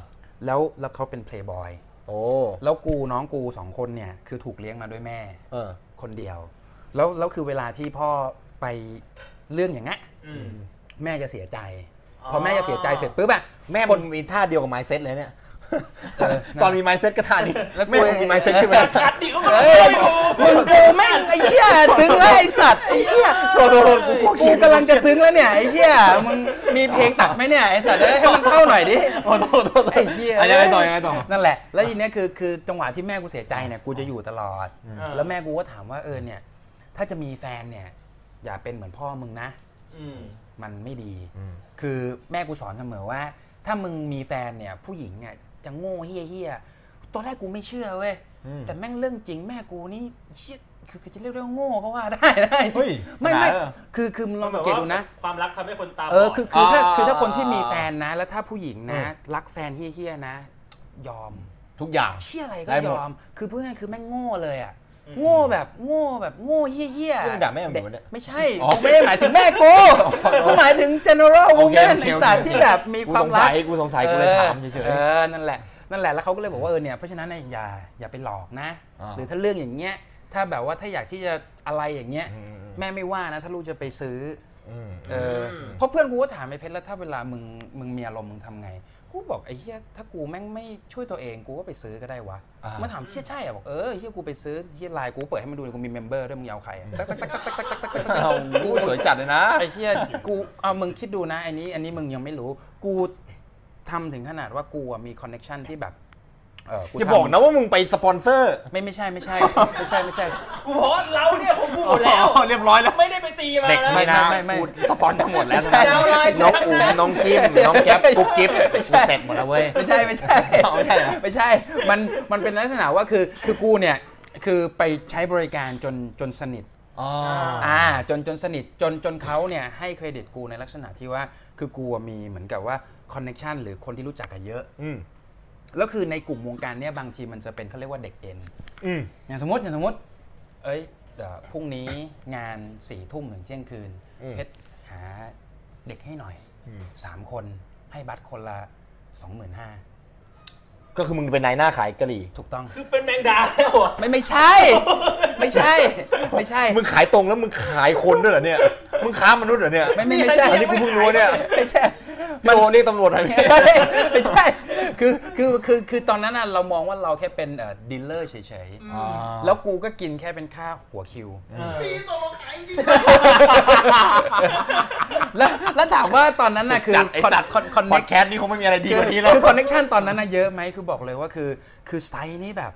Speaker 4: แล้วแล้วเขาเป็นเพลย์บอย
Speaker 1: โอ้
Speaker 4: แล้วกูน้องกูสองคนเนี่ยคือถูกเลี้ยงมาด้วยแม่
Speaker 1: เออ
Speaker 4: คนเดียว แล้วแล้วคือเวลาที่พ่อไปเรื่องอย่างเงี้ย
Speaker 2: อืม
Speaker 4: แม่จะเสียใจ
Speaker 2: อ๋อ
Speaker 4: พอแม่จะเสียใจเสร็จปุ๊บอะ
Speaker 1: แม่
Speaker 4: ค
Speaker 1: คน นมีท่าเดียวกับไมเซ็ตเลยเนี่ย
Speaker 4: เออ
Speaker 1: ตอนมีไมเซ็ตก็ท่านี้
Speaker 4: แล้วกู
Speaker 1: แม่มึงมีไมเซ็ตขึ้นมา
Speaker 2: กัดดิเขาก็
Speaker 4: เอ้ยมึงกูแม่งไอ้เหี้ยซึ้งแล้วไอ้สัตว์ไอ้เหี้ย
Speaker 1: โดนโดนโดนกูกลัว
Speaker 4: กูกำลังจะซึ้งแล้วเนี่ยไอ้เหี้ยมึงมีเพลงตัดไหมเนี่ยไอ้สัตว์เอ้ยให้มันเข้าหน่อยดิ
Speaker 1: โอ้โดนโดนโดน
Speaker 4: ไอ้เหี้ย
Speaker 1: อ่ะยังไงต่อยังไงต่อ
Speaker 4: นั่นแหละ แล้วทีเนี้ยคือคือจังหวะที่แม่กูเสียใจเนี่ยกูจะอยู่ตลอด
Speaker 2: เออ
Speaker 4: แล้วแม่กูก็ถามว่าเออเนี่ย ถ้าจะมีแฟนเนี่ย อย่าเป็นเหมือนพ่อมึงนะ
Speaker 2: อืม
Speaker 4: มันไม่ดี
Speaker 1: อืม
Speaker 4: คือแม่กูสอนเสมอว่า ถ้ามึงมีแฟนเนี่ย ผู้หญิงเนี่ยจะโง่เฮี้ยเฮี้ยๆตอนแรกกูไม่เชื่อเว้ย
Speaker 1: อืม
Speaker 4: แต่แม่งเรื่องจริงแม่กูนี่เหี้ย คือคือจะเรียกได้ว่าโง่ก็ว่าได้ ได้
Speaker 1: เฮ้ย
Speaker 4: ไม่ไม่
Speaker 1: ขนาดนั้นเหรอ
Speaker 4: คือคือลองสังเกตดูนะ
Speaker 2: ความรักทำให้คนตาบด
Speaker 4: เออคือคือถ้า
Speaker 1: อ่า
Speaker 4: คือถ้าคนที่มีแฟนนะ แล้วถ้าผู้หญิงนะ
Speaker 1: อืม
Speaker 4: รักแฟนเฮี้ยๆนะ ยอม
Speaker 1: ทุกอย่าง
Speaker 4: เชี่ยอะไรก็
Speaker 1: ได้หม
Speaker 4: ย
Speaker 1: ด
Speaker 4: อม คือเพื่อนคือแม่งโง่เลยอ่ะโง่แบบโง่แบบโง่เฮี้ยๆ
Speaker 1: นี่มึงด่าแม่มึงอยู่วะเนี่ย
Speaker 4: ไม่ใช่
Speaker 1: อ๋อ
Speaker 4: กูไม่ได้หมายถึงแม่กูกูหมายถึง general
Speaker 1: โอ
Speaker 4: woman
Speaker 1: เคโอเค
Speaker 4: ไอ้สารที่แบบมีความรัก
Speaker 1: กูสงสัยกูสงสัยกูเลยถามเฉย
Speaker 4: เออ นั่นแหละ นั่นแหละ แล้วเขาก็เลยบอกว่า เออ เนี่ย เพราะฉะนั้นเนี่ยอย่า อย่าไปหลอกนะ
Speaker 1: อ่า
Speaker 4: หรือถ้าเรื่องอย่างเงี้ย ถ้าแบบว่าถ้าอยากที่จะอะไรอย่างเงี้ย
Speaker 1: อืมอืม
Speaker 4: แม่ไม่ว่านะ ถ้าลูกจะไปซื้อ
Speaker 1: ๆอืม
Speaker 4: เอออเพราะเพื่อนกูก็ถามไอ้เพชรแล้วถ้าเวลามึง มึงมีอารมณ์มึงทำไง กูบอกไอ้เหี้ย ถ้ากูแม่งไม่ช่วยตัวเอง กูก็ไปซื้อก็ได้วะ
Speaker 1: อ่ามั
Speaker 4: มันถามเชี่ยใช่อะบอก เออเหี้ย กูไปซื้อที่ไลน์กูเปิดให้มันดูเลยกูมีเมมเบอร์ด้วยมึงอยากเอาใครอะตักตักตักตักตักตักตักตักตัก
Speaker 1: เอากูสวยจัดเลยนะ
Speaker 4: ไอ้เฮียกูเอามึงคิดดูนะ อันนี้ อันนี้มึงยังไม่รู้ กูทำถึงขนาดว่ากูอะมีคอนเน็ชันที่แบบ เออ
Speaker 1: อย่าบอกนะว่ามึงไปสปอนเซอร์
Speaker 4: ทำไม่ไม่ใช่ไม่ใช่ ไม่ใช่ไม่ใช่
Speaker 2: กูบอกว่าเราเนี่ยคงพูดหมดแล้ว
Speaker 1: อ๋อเรียบร้อยแล้ว
Speaker 2: ไม่ได้ไปตีมา
Speaker 1: เด็ก
Speaker 2: แล้ว
Speaker 1: ไม่นะ
Speaker 4: ไม่ไม่ไม่
Speaker 1: กูสปอนทั้งหมดแล้ว
Speaker 4: ไม่ใช่
Speaker 1: นะน้องอู๋น้องกิมน้องแก๊ปกุ๊บกิ๊บ
Speaker 4: ไม่ใช่
Speaker 1: เสร็จหมดแล้วเว้ย
Speaker 4: ไม่ใช่ไม่ใช่
Speaker 1: อ๋อไม่ใช่เหรอ
Speaker 4: ไม่ใช่ มันมันเป็นลักษณะว่าคือคือกูเนี่ย คือไปใช้บริการจนจนสนิท
Speaker 1: อ๋อ
Speaker 4: อ่าจนจนสนิทจนจนเขาเนี่ยให้เครดิตกูในลักษณะที่ว่าคือกูอะมีเหมือนกับว่าคอนเน็ชันหรือคนที่รู้จักกันเยอะ
Speaker 1: อืม
Speaker 4: แล้วคือในกลุ่มวงการเนี่ยบางทีมันจะเป็นเขาเรียกว่าเด็กเอ็น
Speaker 1: อืม
Speaker 4: อย่างสมมติอย่างสมมติ เอ้ยเดี๋ยวพรุ่งนี้งานสี่ทุ่มถึงเที่ยงคืน
Speaker 1: อืม
Speaker 4: เพชรหาเด็กให้หน่อย
Speaker 1: อืม
Speaker 4: สามคนให้บัตรคนละสองหมื่นห้า
Speaker 1: ก็คือมึงเป็นนายหน้าขายกะหรี่
Speaker 4: ถูกต้อง
Speaker 2: คือเป็นแมงดาแล้วอะ
Speaker 4: ไม่ไม่ใช่ ไม่ใช่ ไม่ใช่
Speaker 1: มึงขายตรงแล้วมึงขายคนด้วยเหรอเนี่ย มึงค้ามนุษย์เหรอเนี่ย
Speaker 4: ไม่ไม่ไม่ใช่
Speaker 1: อันนี้กูเพิ่งรู้เนี่ย
Speaker 4: ไม่ใช่
Speaker 1: พี่โอเรียกตำรวจหน่อยพี่
Speaker 4: ไม่ใช่ คือคือคือคือตอนนั้นน่ะเรามองว่าเราแค่เป็นดีลเลอร์เฉย
Speaker 1: อ๋อ
Speaker 4: ๆ แล้วกูก็กินแค่เป็นค่าหัวคิว
Speaker 7: พี่ตกลงขายจริง
Speaker 4: แล้วแล้วถามว่าตอนนั้นน่ะคือ
Speaker 1: จัดไอ้จัด
Speaker 4: คอนคอน
Speaker 1: พ
Speaker 4: เน็
Speaker 1: อดแคสต์นี้คงไม่มีอะไรดีกว่านี้แล้ว
Speaker 4: คือคอนเน็ชันตอนนั้นน่ะเยอะไหมคือบอกเลยว่าคือ คือไซส์นี่แบบ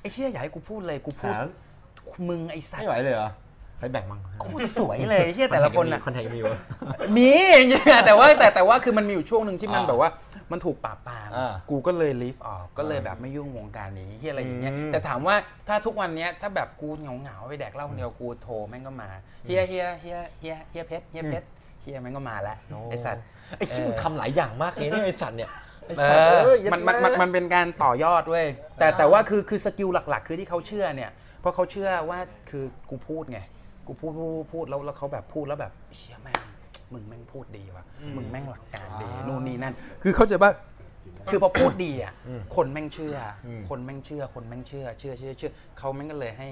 Speaker 4: ไอ้เชี่ยอย่าให้กูพูดเลยกูพูด
Speaker 1: หา
Speaker 4: มึงไอ้ไซ
Speaker 1: ไม่
Speaker 4: ส์
Speaker 1: ไหวเลยเหรอใช้แบ่งมั้ง
Speaker 4: โคตรสวยเลยเชี่ยแต่ละคนน่ะ
Speaker 1: คอนแทคมีวะ
Speaker 4: มีแต่ว่าแต่แต่ว่าคือมันมีอยู่ช่วงหนึ่งที่มัน
Speaker 1: อ่า
Speaker 4: แบบว่ามันถูกปราบปราม
Speaker 1: อ่า
Speaker 4: กูก็เลยลีฟออกก็เลยแบบไม่ยุ่งวงการนี้เหียอะไรอย่างเงี้ย
Speaker 1: อืม
Speaker 4: แต่ถามว่าถ้าทุกวันเนี้ยถ้าแบบกูเหงาเหงาๆไปแดกเหล้าคนเดียวกูโทรแม่งก็มาเฮียเฮียเฮียเฮียเฮียเพชรเฮียเพชรเฮียแม่งก็มาแล้วไอ้สัตว์
Speaker 1: ไอ้ชื่อมันทำหลายอย่างมากเลยเนี่ยไอ้สัตว์เนี่ยไอ้
Speaker 4: เอ
Speaker 1: สัตว์
Speaker 4: อ
Speaker 1: เอ้ยยัด
Speaker 4: มันมันมันมันเป็นการต่อยอดเว้ยแต่แต่ว่าคือคือสกิลหลัก ๆ คือที่เขาเชื่อเนี่ย เพราะเขาเชื่อว่าคือกูพูดไง กูพูดพูดพูดแล้วแล้วเขาแบบพูดแล้วแบบเชี่ยแม่งมึงแม่งพูดดีว่ะมึงแม่งหลักการดีนู่นนี่นั่น คือเขาใจะว่าคือพอพูดดีอ่ะคนแม่งเชื่ออคนแม่งเชื่อคนแม่งเชื่อ เชื่อเชื่อเชื่อเขาแม่งก็เลยให้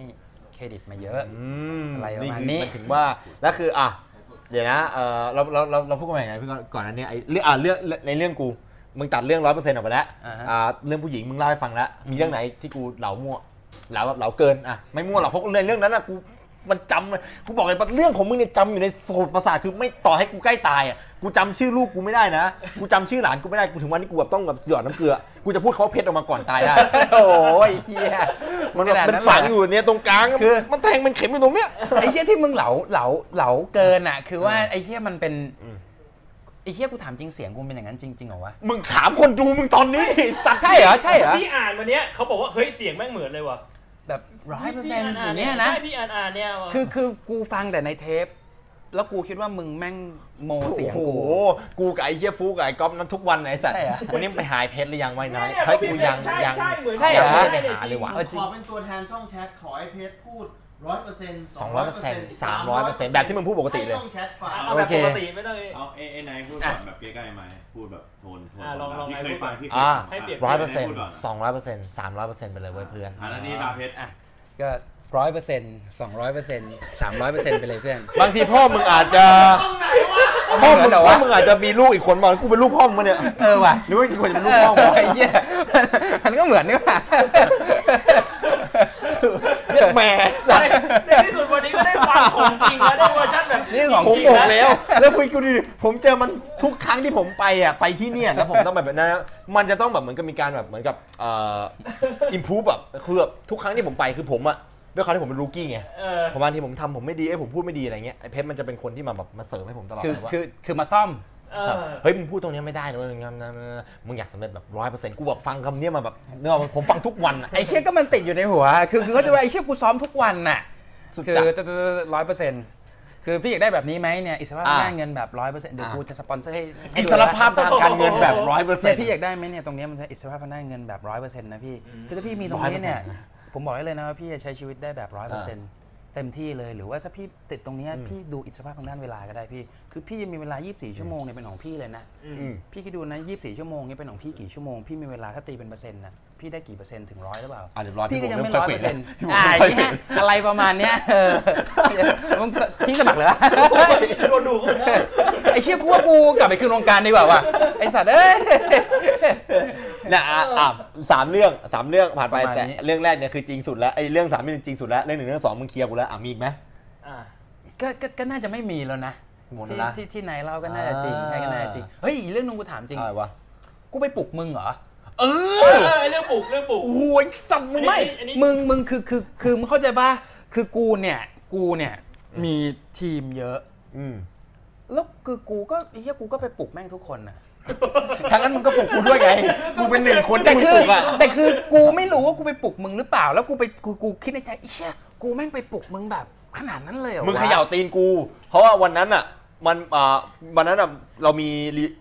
Speaker 4: เครดิตมาเยอะ
Speaker 1: อืม
Speaker 4: อะไรประมาณนี้
Speaker 1: หยถึงว่า แล้วคืออ่ะ เดี๋ยวนะเออเราเราเราเราพูดกันไปยังไงพี่ก่อนก่อนอันเนี้ยไอ้เรื่องอ่ะเรื่องในเรื่องกู มึงตัดเรื่องร้อยเปอร์เซ็นต์ออกไปแล้ว
Speaker 4: อ่าฮะ
Speaker 1: อ่าเรื่องผู้หญิงมึงเล่าให้ฟังแล้ว มีเรื่องไหนที่กูเหลามั่วเหลาแบบเหลาเกินอ่ะไม่มั่วหรอกเพราะในเรื่องนั้นอ่ะกูมันจำเลยกูบอกเลยว่าเรื่องของมึงเนี่ยจำอยู่ในสมุดประสาทคือไม่ต่อให้กูใกล้ตายอ่ะกูจำชื่อลูกกูไม่ได้นะ กูจำชื่อหลานกูไม่ได้กูถึงวันนี้กูแบบต้องแบบหยอดน้ำเกลือกูจะพูดเขาว่าเพชรออกมาก่อนตายได้
Speaker 4: โอ้ยเฮีย
Speaker 1: มันแบบ
Speaker 4: ขาด
Speaker 1: มัน
Speaker 4: เลย
Speaker 1: ฝังอ
Speaker 4: เหร
Speaker 1: ยู่เนี่ยตรงกลาง
Speaker 4: คือ
Speaker 1: มันแทงมันเข็มอยู่ตรงเนี้ย
Speaker 4: ไอ้เหี้ยที่มึงเหลาเหลาเหลาเกินอ่ะ คือว่าไอ้เหี้ยมันเป็นไอ้เหี้ยกูถามจริงเสียงกูเป็นอย่างนั้นจริงๆเหรอวะ
Speaker 1: มึงถามคนดูมึงตอนนี้ดิสัตว์
Speaker 4: ใช่เหรอใช่เหรอ
Speaker 2: ที่อ่านวันเนี้ยเขาบอกว่าเฮ้ยเสียงแม่งเหมือนเลยว่ะ
Speaker 4: แบบร้อยเปอร์
Speaker 2: พี่
Speaker 4: เซ็นต์
Speaker 2: อ่า
Speaker 4: อนย่าง
Speaker 2: เนี่ย
Speaker 4: เงี้ย
Speaker 2: นะ
Speaker 4: นะ
Speaker 2: พี่อ่านอ่านเนี่ยว่ะ
Speaker 4: คือคือกูฟังแต่ในเทป แล้วกูคิดว่ามึงแม่งโมเสียง
Speaker 1: โอ้
Speaker 4: กู
Speaker 1: โหกูกับไอ้เชี่ยฟูกับไอ้ก๊อฟนั้นทุกวันไอ้สัตว์
Speaker 4: ใช่เหรอ
Speaker 1: วันนี้มึงไปหายเพชรหรือยังไม่นาย
Speaker 2: เนี่ย
Speaker 1: เฮ้ยกู
Speaker 2: เนี่ย
Speaker 1: ยัง
Speaker 2: ใช่
Speaker 1: ยัง
Speaker 2: ใช่เหมือน
Speaker 1: ใช่เหรอ
Speaker 4: ใช่
Speaker 1: ไม่
Speaker 4: เหร
Speaker 1: ได้ไป
Speaker 4: อ
Speaker 1: หาเลยวะ
Speaker 7: ขอเป็นตัวแทนช่องแชท ขอให้เพจพูดร้อยเปอร์เซ็นต์
Speaker 1: สองร้อยเปอร์เซ็นต์สามร้อยเปอร์เซ็นต์แบบที่มึงพูดปกติเล
Speaker 7: ให้
Speaker 1: ย
Speaker 7: ช่องแชทฟัง
Speaker 2: เอาแบบ
Speaker 4: โอเค
Speaker 2: ปกติไม่ต้อง
Speaker 5: เอาเอไนายพูดก่อนแบบใกล้ๆไหมพูดแบบโทนโทน
Speaker 2: อ่ะลองลอง
Speaker 5: ที่
Speaker 2: ไอ้
Speaker 5: เค
Speaker 2: พู
Speaker 5: ย
Speaker 2: ด
Speaker 5: ฟัง
Speaker 2: ก่อน
Speaker 5: ที่เค
Speaker 1: อ่ะ
Speaker 5: ยฟัง
Speaker 2: ให้เปรียบ
Speaker 1: ร้อยเปอร์เซ็นต์
Speaker 5: พูดก่
Speaker 1: สองร้อยเปอร์เซ็นต์สามร้อยเปอร์เซ็นต์ไปเลยเว้ยเพื่อน
Speaker 5: อันนี้ตาเพชรอ่ะ
Speaker 4: ก็ร้อยเปอร์เซ็นต์สองร้อยเปอร์เซ็นต์สามร้อยเปอร์เซ็นต์ไปเลยเพื่อน
Speaker 1: บางทีพ่อมึงอาจจะพ่อมึง
Speaker 4: เหรอ
Speaker 1: พ่
Speaker 4: วะ
Speaker 1: อมึงอาจจะมีลูกอีกคนมากูเป็นลูกพ่อมึงปะเนี่ย
Speaker 4: เออว่ะ
Speaker 1: หรือว่าจริงๆควรจะเป็นลูกพ่อมึงวะ
Speaker 4: ไอ้เหี้ยมันก็เหมือนนี่ว่ะ
Speaker 1: เนี่ยแหมสัตว์
Speaker 2: ในที่สุดวันนี้ก็ได้ฟังของจริงแล้วได้เวอร์ชันแบบ
Speaker 4: นี่ของ
Speaker 1: ผม
Speaker 2: จริ
Speaker 1: บอก
Speaker 2: นะ
Speaker 1: แล้ว แล้วคุยกูดิผมเจอมันทุกครั้งที่ผมไปอ่ะไปที่เนี่ยแล้วผมต้องแบบนั้นนะมันจะต้องแบบเหมือนกับมีการแบบเหมือนกับเอ่อ improve แบบคือแบบทุกครั้งที่ผมไปคือผมอ่ะด้วยความที่ผมเป็นรูกี้ไง
Speaker 2: เออ
Speaker 1: ผมบางทีผมทำผมไม่ดีไอ้ยผมพูดไม่ดีอะไรเงี้ยไอ้เพชรมันจะเป็นคนที่มาแบบมาเสริมให้ผมตลอด
Speaker 4: คือ
Speaker 1: เลยว่า
Speaker 4: คือคือมาซ่อม
Speaker 2: เอ
Speaker 1: แบบ
Speaker 2: อ
Speaker 1: เฮ้ยมึงพูดตรงเนี้ยไม่ได้นะเว้ยงั้นนะมึงอยากสำเร็จแบบร้อยเปอร์เซ็นต์กูแบบฟังคำเนี้ยมาแบบเนกอะผมฟังทุกวันอะ
Speaker 4: ไอ้เคี้ยก็มันติดอยู่ในหัว คือคือเขาใจะว่าไอ้เคี้ยกูซ้อมทุกวันน่ะ
Speaker 8: สุด
Speaker 4: คือ
Speaker 8: จัด
Speaker 4: ร้อยเปอร์เซ็นต์คือพี่อยากได้แบบนี้ไหมเนี่ยอิสระภาพ
Speaker 8: อ่า
Speaker 4: ด้านเงินแบบร้อยเปอร์เซ็นต์เดี๋ยว
Speaker 8: อ่า
Speaker 4: กูจะสปอนเซอร์ให้ให้
Speaker 8: อิ
Speaker 4: ดู
Speaker 8: สร
Speaker 4: นะ
Speaker 8: ภาพทางการเงินแบบร้อยเปอร์เซ็น
Speaker 4: เนี่ย
Speaker 8: ต์
Speaker 4: พี่อยากได้ไหมเนี่ยตรงเนี้ยมันจะอิสระภาพทางด้านเงินแบบร้อยเปอร์เซ็นต์นะพี่คือถ้าพี่มีตรงนี้เนี่ย
Speaker 8: 100%นะ
Speaker 4: ผมบอกได้เลยนะว่าพี่จะใช้ชีวิตได้แบบร้อยเปอร์เซ็นต์เต็มที่เลยหรือว่าถ้าพี่ติดตรงเนี้ยพี่ดูอิสระภาพทางด้านเวลาก็ได้พี่คือพี่ยังมีเวลา 24 ชั่วโมงเนี่ยเป็นของพี่เลยนะพี่คิดดูนะ 24 ชั่วโมงเนี่ยเป็นของพี่กี่ชั่วโมงพี่มีเวลาถ้าตีเป็นเปอร์เซ็นต์นะพี่ได้กี่เปอร์เซ็นต์ถึงร้อยหรือเปล่า
Speaker 1: อ่ะเดี๋ยวร้อย
Speaker 4: พี่ก็ยังไม่
Speaker 1: พี่
Speaker 4: ร้
Speaker 1: ผ
Speaker 4: อ
Speaker 1: ม
Speaker 4: ย
Speaker 1: เริ่มจะ
Speaker 4: เปอร์เซ็นต์
Speaker 1: เขวดแล้ว
Speaker 4: อ่าอย่างเงี้ยอะไรประมาณเนี้ยเออมึงพี่สมัครเหรอ
Speaker 2: โดนดูก็ได้
Speaker 4: ไอ้เชี่ยกูว่ากูกลับไปคืนวงการดีกว่าว่ะไอสัตว์เอ้ย
Speaker 1: นะอ่ะอ่ะสามเรื่องสามเรื่องผ่านไป
Speaker 4: ประมาณ
Speaker 1: แต่
Speaker 4: นี้
Speaker 1: เรื่องแรกเนี่ยคือจริงสุดแล้วไอ้เรื่องสามเรื่องจริงสุดแล้วเรื่องหนึ่งเรื่องสองมึงเคลียร์กูแล้วอ่ะมีอีกไหม
Speaker 4: ก็ก็ก็น่าจะไม่มีแล้วนะ
Speaker 1: หมด
Speaker 4: ที่
Speaker 1: แล้วนะ
Speaker 4: ที่ที่ไหนายเล่าก็น่าจะจริง
Speaker 1: อ่า
Speaker 4: ใครก็น่าจะจริง เฮ้ยอีกเรื่องนึงกูถามจริง
Speaker 1: อะไรวะ
Speaker 4: กูไปปลุกมึงเหรอ
Speaker 1: เอ
Speaker 2: เอ
Speaker 1: อ
Speaker 2: อเรื่องปลูกเรื่องปลูก
Speaker 1: โอ้ยสัตว์มึง
Speaker 2: ไม่
Speaker 1: ไม่
Speaker 2: อันนี้
Speaker 4: มึงมึงคือคือคือมึงเข้าใจป่ะคือกูเนี่ย กูเนี่ยมีทีมเยอะ
Speaker 1: อืม
Speaker 4: แล้วคือกูก็ไอ้เหี้ยกูก็ไปปลุกแม่งทุกคนนะ
Speaker 1: ทั้งนั้นมึงก็ปลุกกูด้วย ไงกูเป็นหนึ่งคน
Speaker 4: แต่
Speaker 1: ที่มึงป
Speaker 4: คือ
Speaker 1: ลุกอ่ะ
Speaker 4: แต่คือกูไม่รู้ว่ากูไปปลุกมึงหรือเปล่า แล้วกูไปกูกูคิดในใจไอ้เหี้ยกูแม่งไปปลุกมึงแบบ ขนาดนั้นเลยเหรอวะ
Speaker 1: มึงเขย่าตีนกู เพราะว่าวันนั้นอ่ะมันอ่าวันนั้นอ่ะเรามี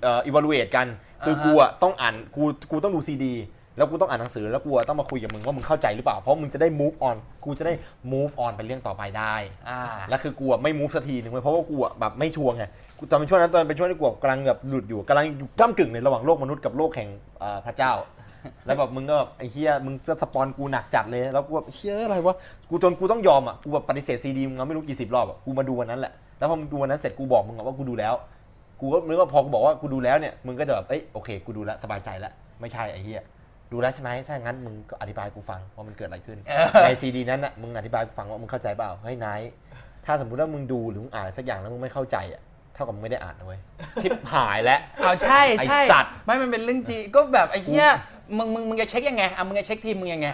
Speaker 1: เอ่อ evaluate กันคือกูอ่ะต้องอ่านกูกูต้องดูซีดีแล้วกูต้องอ่านหนังสือแล้วกูอ่ะต้องมาคุยกับมึงว่ามึงเข้าใจหรือเปล่าเพราะมึงจะได้ move on กูจะได้ move on ไปเรื่องต่อไปได้
Speaker 4: อ่า
Speaker 1: แล้วคือกลัวไม่มูฟสักทีหนึ่งเว้ยเพราะว่ากลัวแบบไม่ชัวร์ไงกูตอนเป็นช่วงนั้นตอนเป็นช่วงที่กลัวกำลังแบบหลุดอยู่กำลังอยู่ก้ามกึ่งในระหว่างโลกมนุษย์กับโลกแห่งเอ่อพระเจ้า แล้วแบบมึงก็แบบไอ้เฮียมึงเสื้อสปอนกูหนักจัดเลยแล้วกูแบบเฮียอะไรวะกูจนกูต้องยอมอ่ะกูแบบปฏิเสธซีดีมึงมาไม่รู้กี่สิบรอบอ่ะกูมาดูวันนั้นแหละแล้วพอมึงดูวันนั้นเสร็จกูบอกมึงอะว่ากูดูแล้ว กูก็นึกว่าพอกูบอกว่ากูดูแล้วเนี่ยมึงก็จะแบบเอ้ยโอเคกูดูแล้วสบายใจแล้วไม่ใช่ไอ้เฮียดูแล้วใช่ไหมถ้างั้นมึงก็อธิบายกูฟังว่ามันเกิดอะไรขึ้นในซีดีนั้นอ่ะมึงอธิบายกูฟังว่ามึงเข้าใจเปล่าเฮ้ยไนท์ ถ้าสมมติว่ามึงดูหรือมึงอ่านสักอย่างแล้วมึงไม่เข้าใจอ่ะเท่ากับมึงไม่ได้อ่านนะเว้ย ชิบหายแล้ว
Speaker 4: เอาใช่ใช่
Speaker 1: ไอ้สัตว์
Speaker 4: ไม่มันเป็นเรื่องจริงก็แบบไอ้เนี้ยมึงมึงมึงจะเช็คยังไงอ่ะมึงจะเช็คทีมมึงยังไง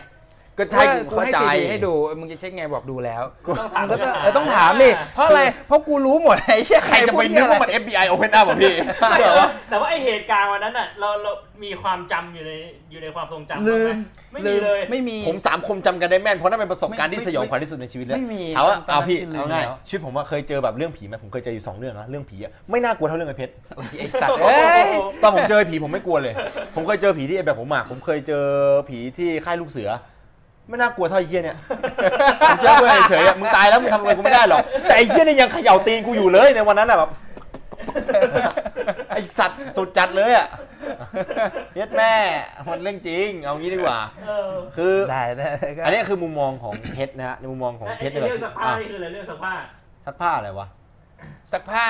Speaker 1: ก็ใช่
Speaker 4: ว่า
Speaker 1: กูเข้าใจ
Speaker 4: ให้ CD ให้ดูเออมึงจะเช็คไงบอกดูแล้ว
Speaker 2: ต้องถาม
Speaker 4: มึงก็ต้องเออต้องถามดิเพราะอะไรเพราะกูรู้หมดไอ้เชี่ยใค
Speaker 1: ใค
Speaker 4: ร
Speaker 1: รจะ
Speaker 4: พู
Speaker 1: ไป
Speaker 4: ด
Speaker 1: นึก
Speaker 4: เหี้ยอะไร
Speaker 1: ว่ามัน FBI Open Up อ่ะพี่
Speaker 2: แต่ว่าแต่ว่าไอเหตุการณ์วันนั้นน่ะเราเรามีความจำอยู่ในอยู่ในความทรงจำ
Speaker 4: ลืม
Speaker 2: บ้างไหไม่มีเลย
Speaker 4: ไม่มี
Speaker 1: ผมสามคมจำกันได้แม่น เพราะนั่นเป็นประสบการณ์ที่
Speaker 4: ไม่
Speaker 1: สยองขวัญที่สุดในชีวิตเลย
Speaker 4: ไม่มี
Speaker 1: ถามว่า
Speaker 4: จำตอน
Speaker 1: เอาพี่
Speaker 4: นั้นที่ลืม
Speaker 1: เอาง่าย
Speaker 4: แล้ว
Speaker 1: ชีวิตผมอะเคยเจอแบบเรื่องผีไหมผมเคยเจออยู่สองเรื่องนะเรื่องผีอะไม่น่ากลัวเท่าเรื่องไอ้เพชร
Speaker 4: ไอ้สัตว์เอ้ย
Speaker 1: ตอนผมเจอผีผมไม่กลัวเลย ผมเคยเจอผีที่แบบผมหมากผมเคยเจอผีที่ค่ายลูกเสือ ไม่น่ากลัวเท่าไอ้เหี้ยเนี่ย ผมเจอเพื่อนเฉยๆอะมึงตายแล้วมึงทำอะไรกูไม่ได้หรอก แต่ไอ้เหี้ยเนี่ยยังเขย่าตีนกูอยู่เลยในวันนั้นอะแบบ ไอสัตว์สุดจัดเลยอะเย็ดแม่ มันเรื่องจริง เอางี้ดีกว่า
Speaker 2: เออ
Speaker 1: คือ
Speaker 4: ได้ได้ก็
Speaker 1: อันนี้คือมุมมองของเพชรนะฮะในมุมมองของ
Speaker 2: แล้ว
Speaker 1: เพช
Speaker 2: ไอ
Speaker 1: ร
Speaker 2: ไอ้
Speaker 1: แบบ
Speaker 2: เรื่องสักผ้านี่คืออะไรเรื่องสักผ้า
Speaker 1: ซักผ้าอะไรวะ
Speaker 4: ซักผ้า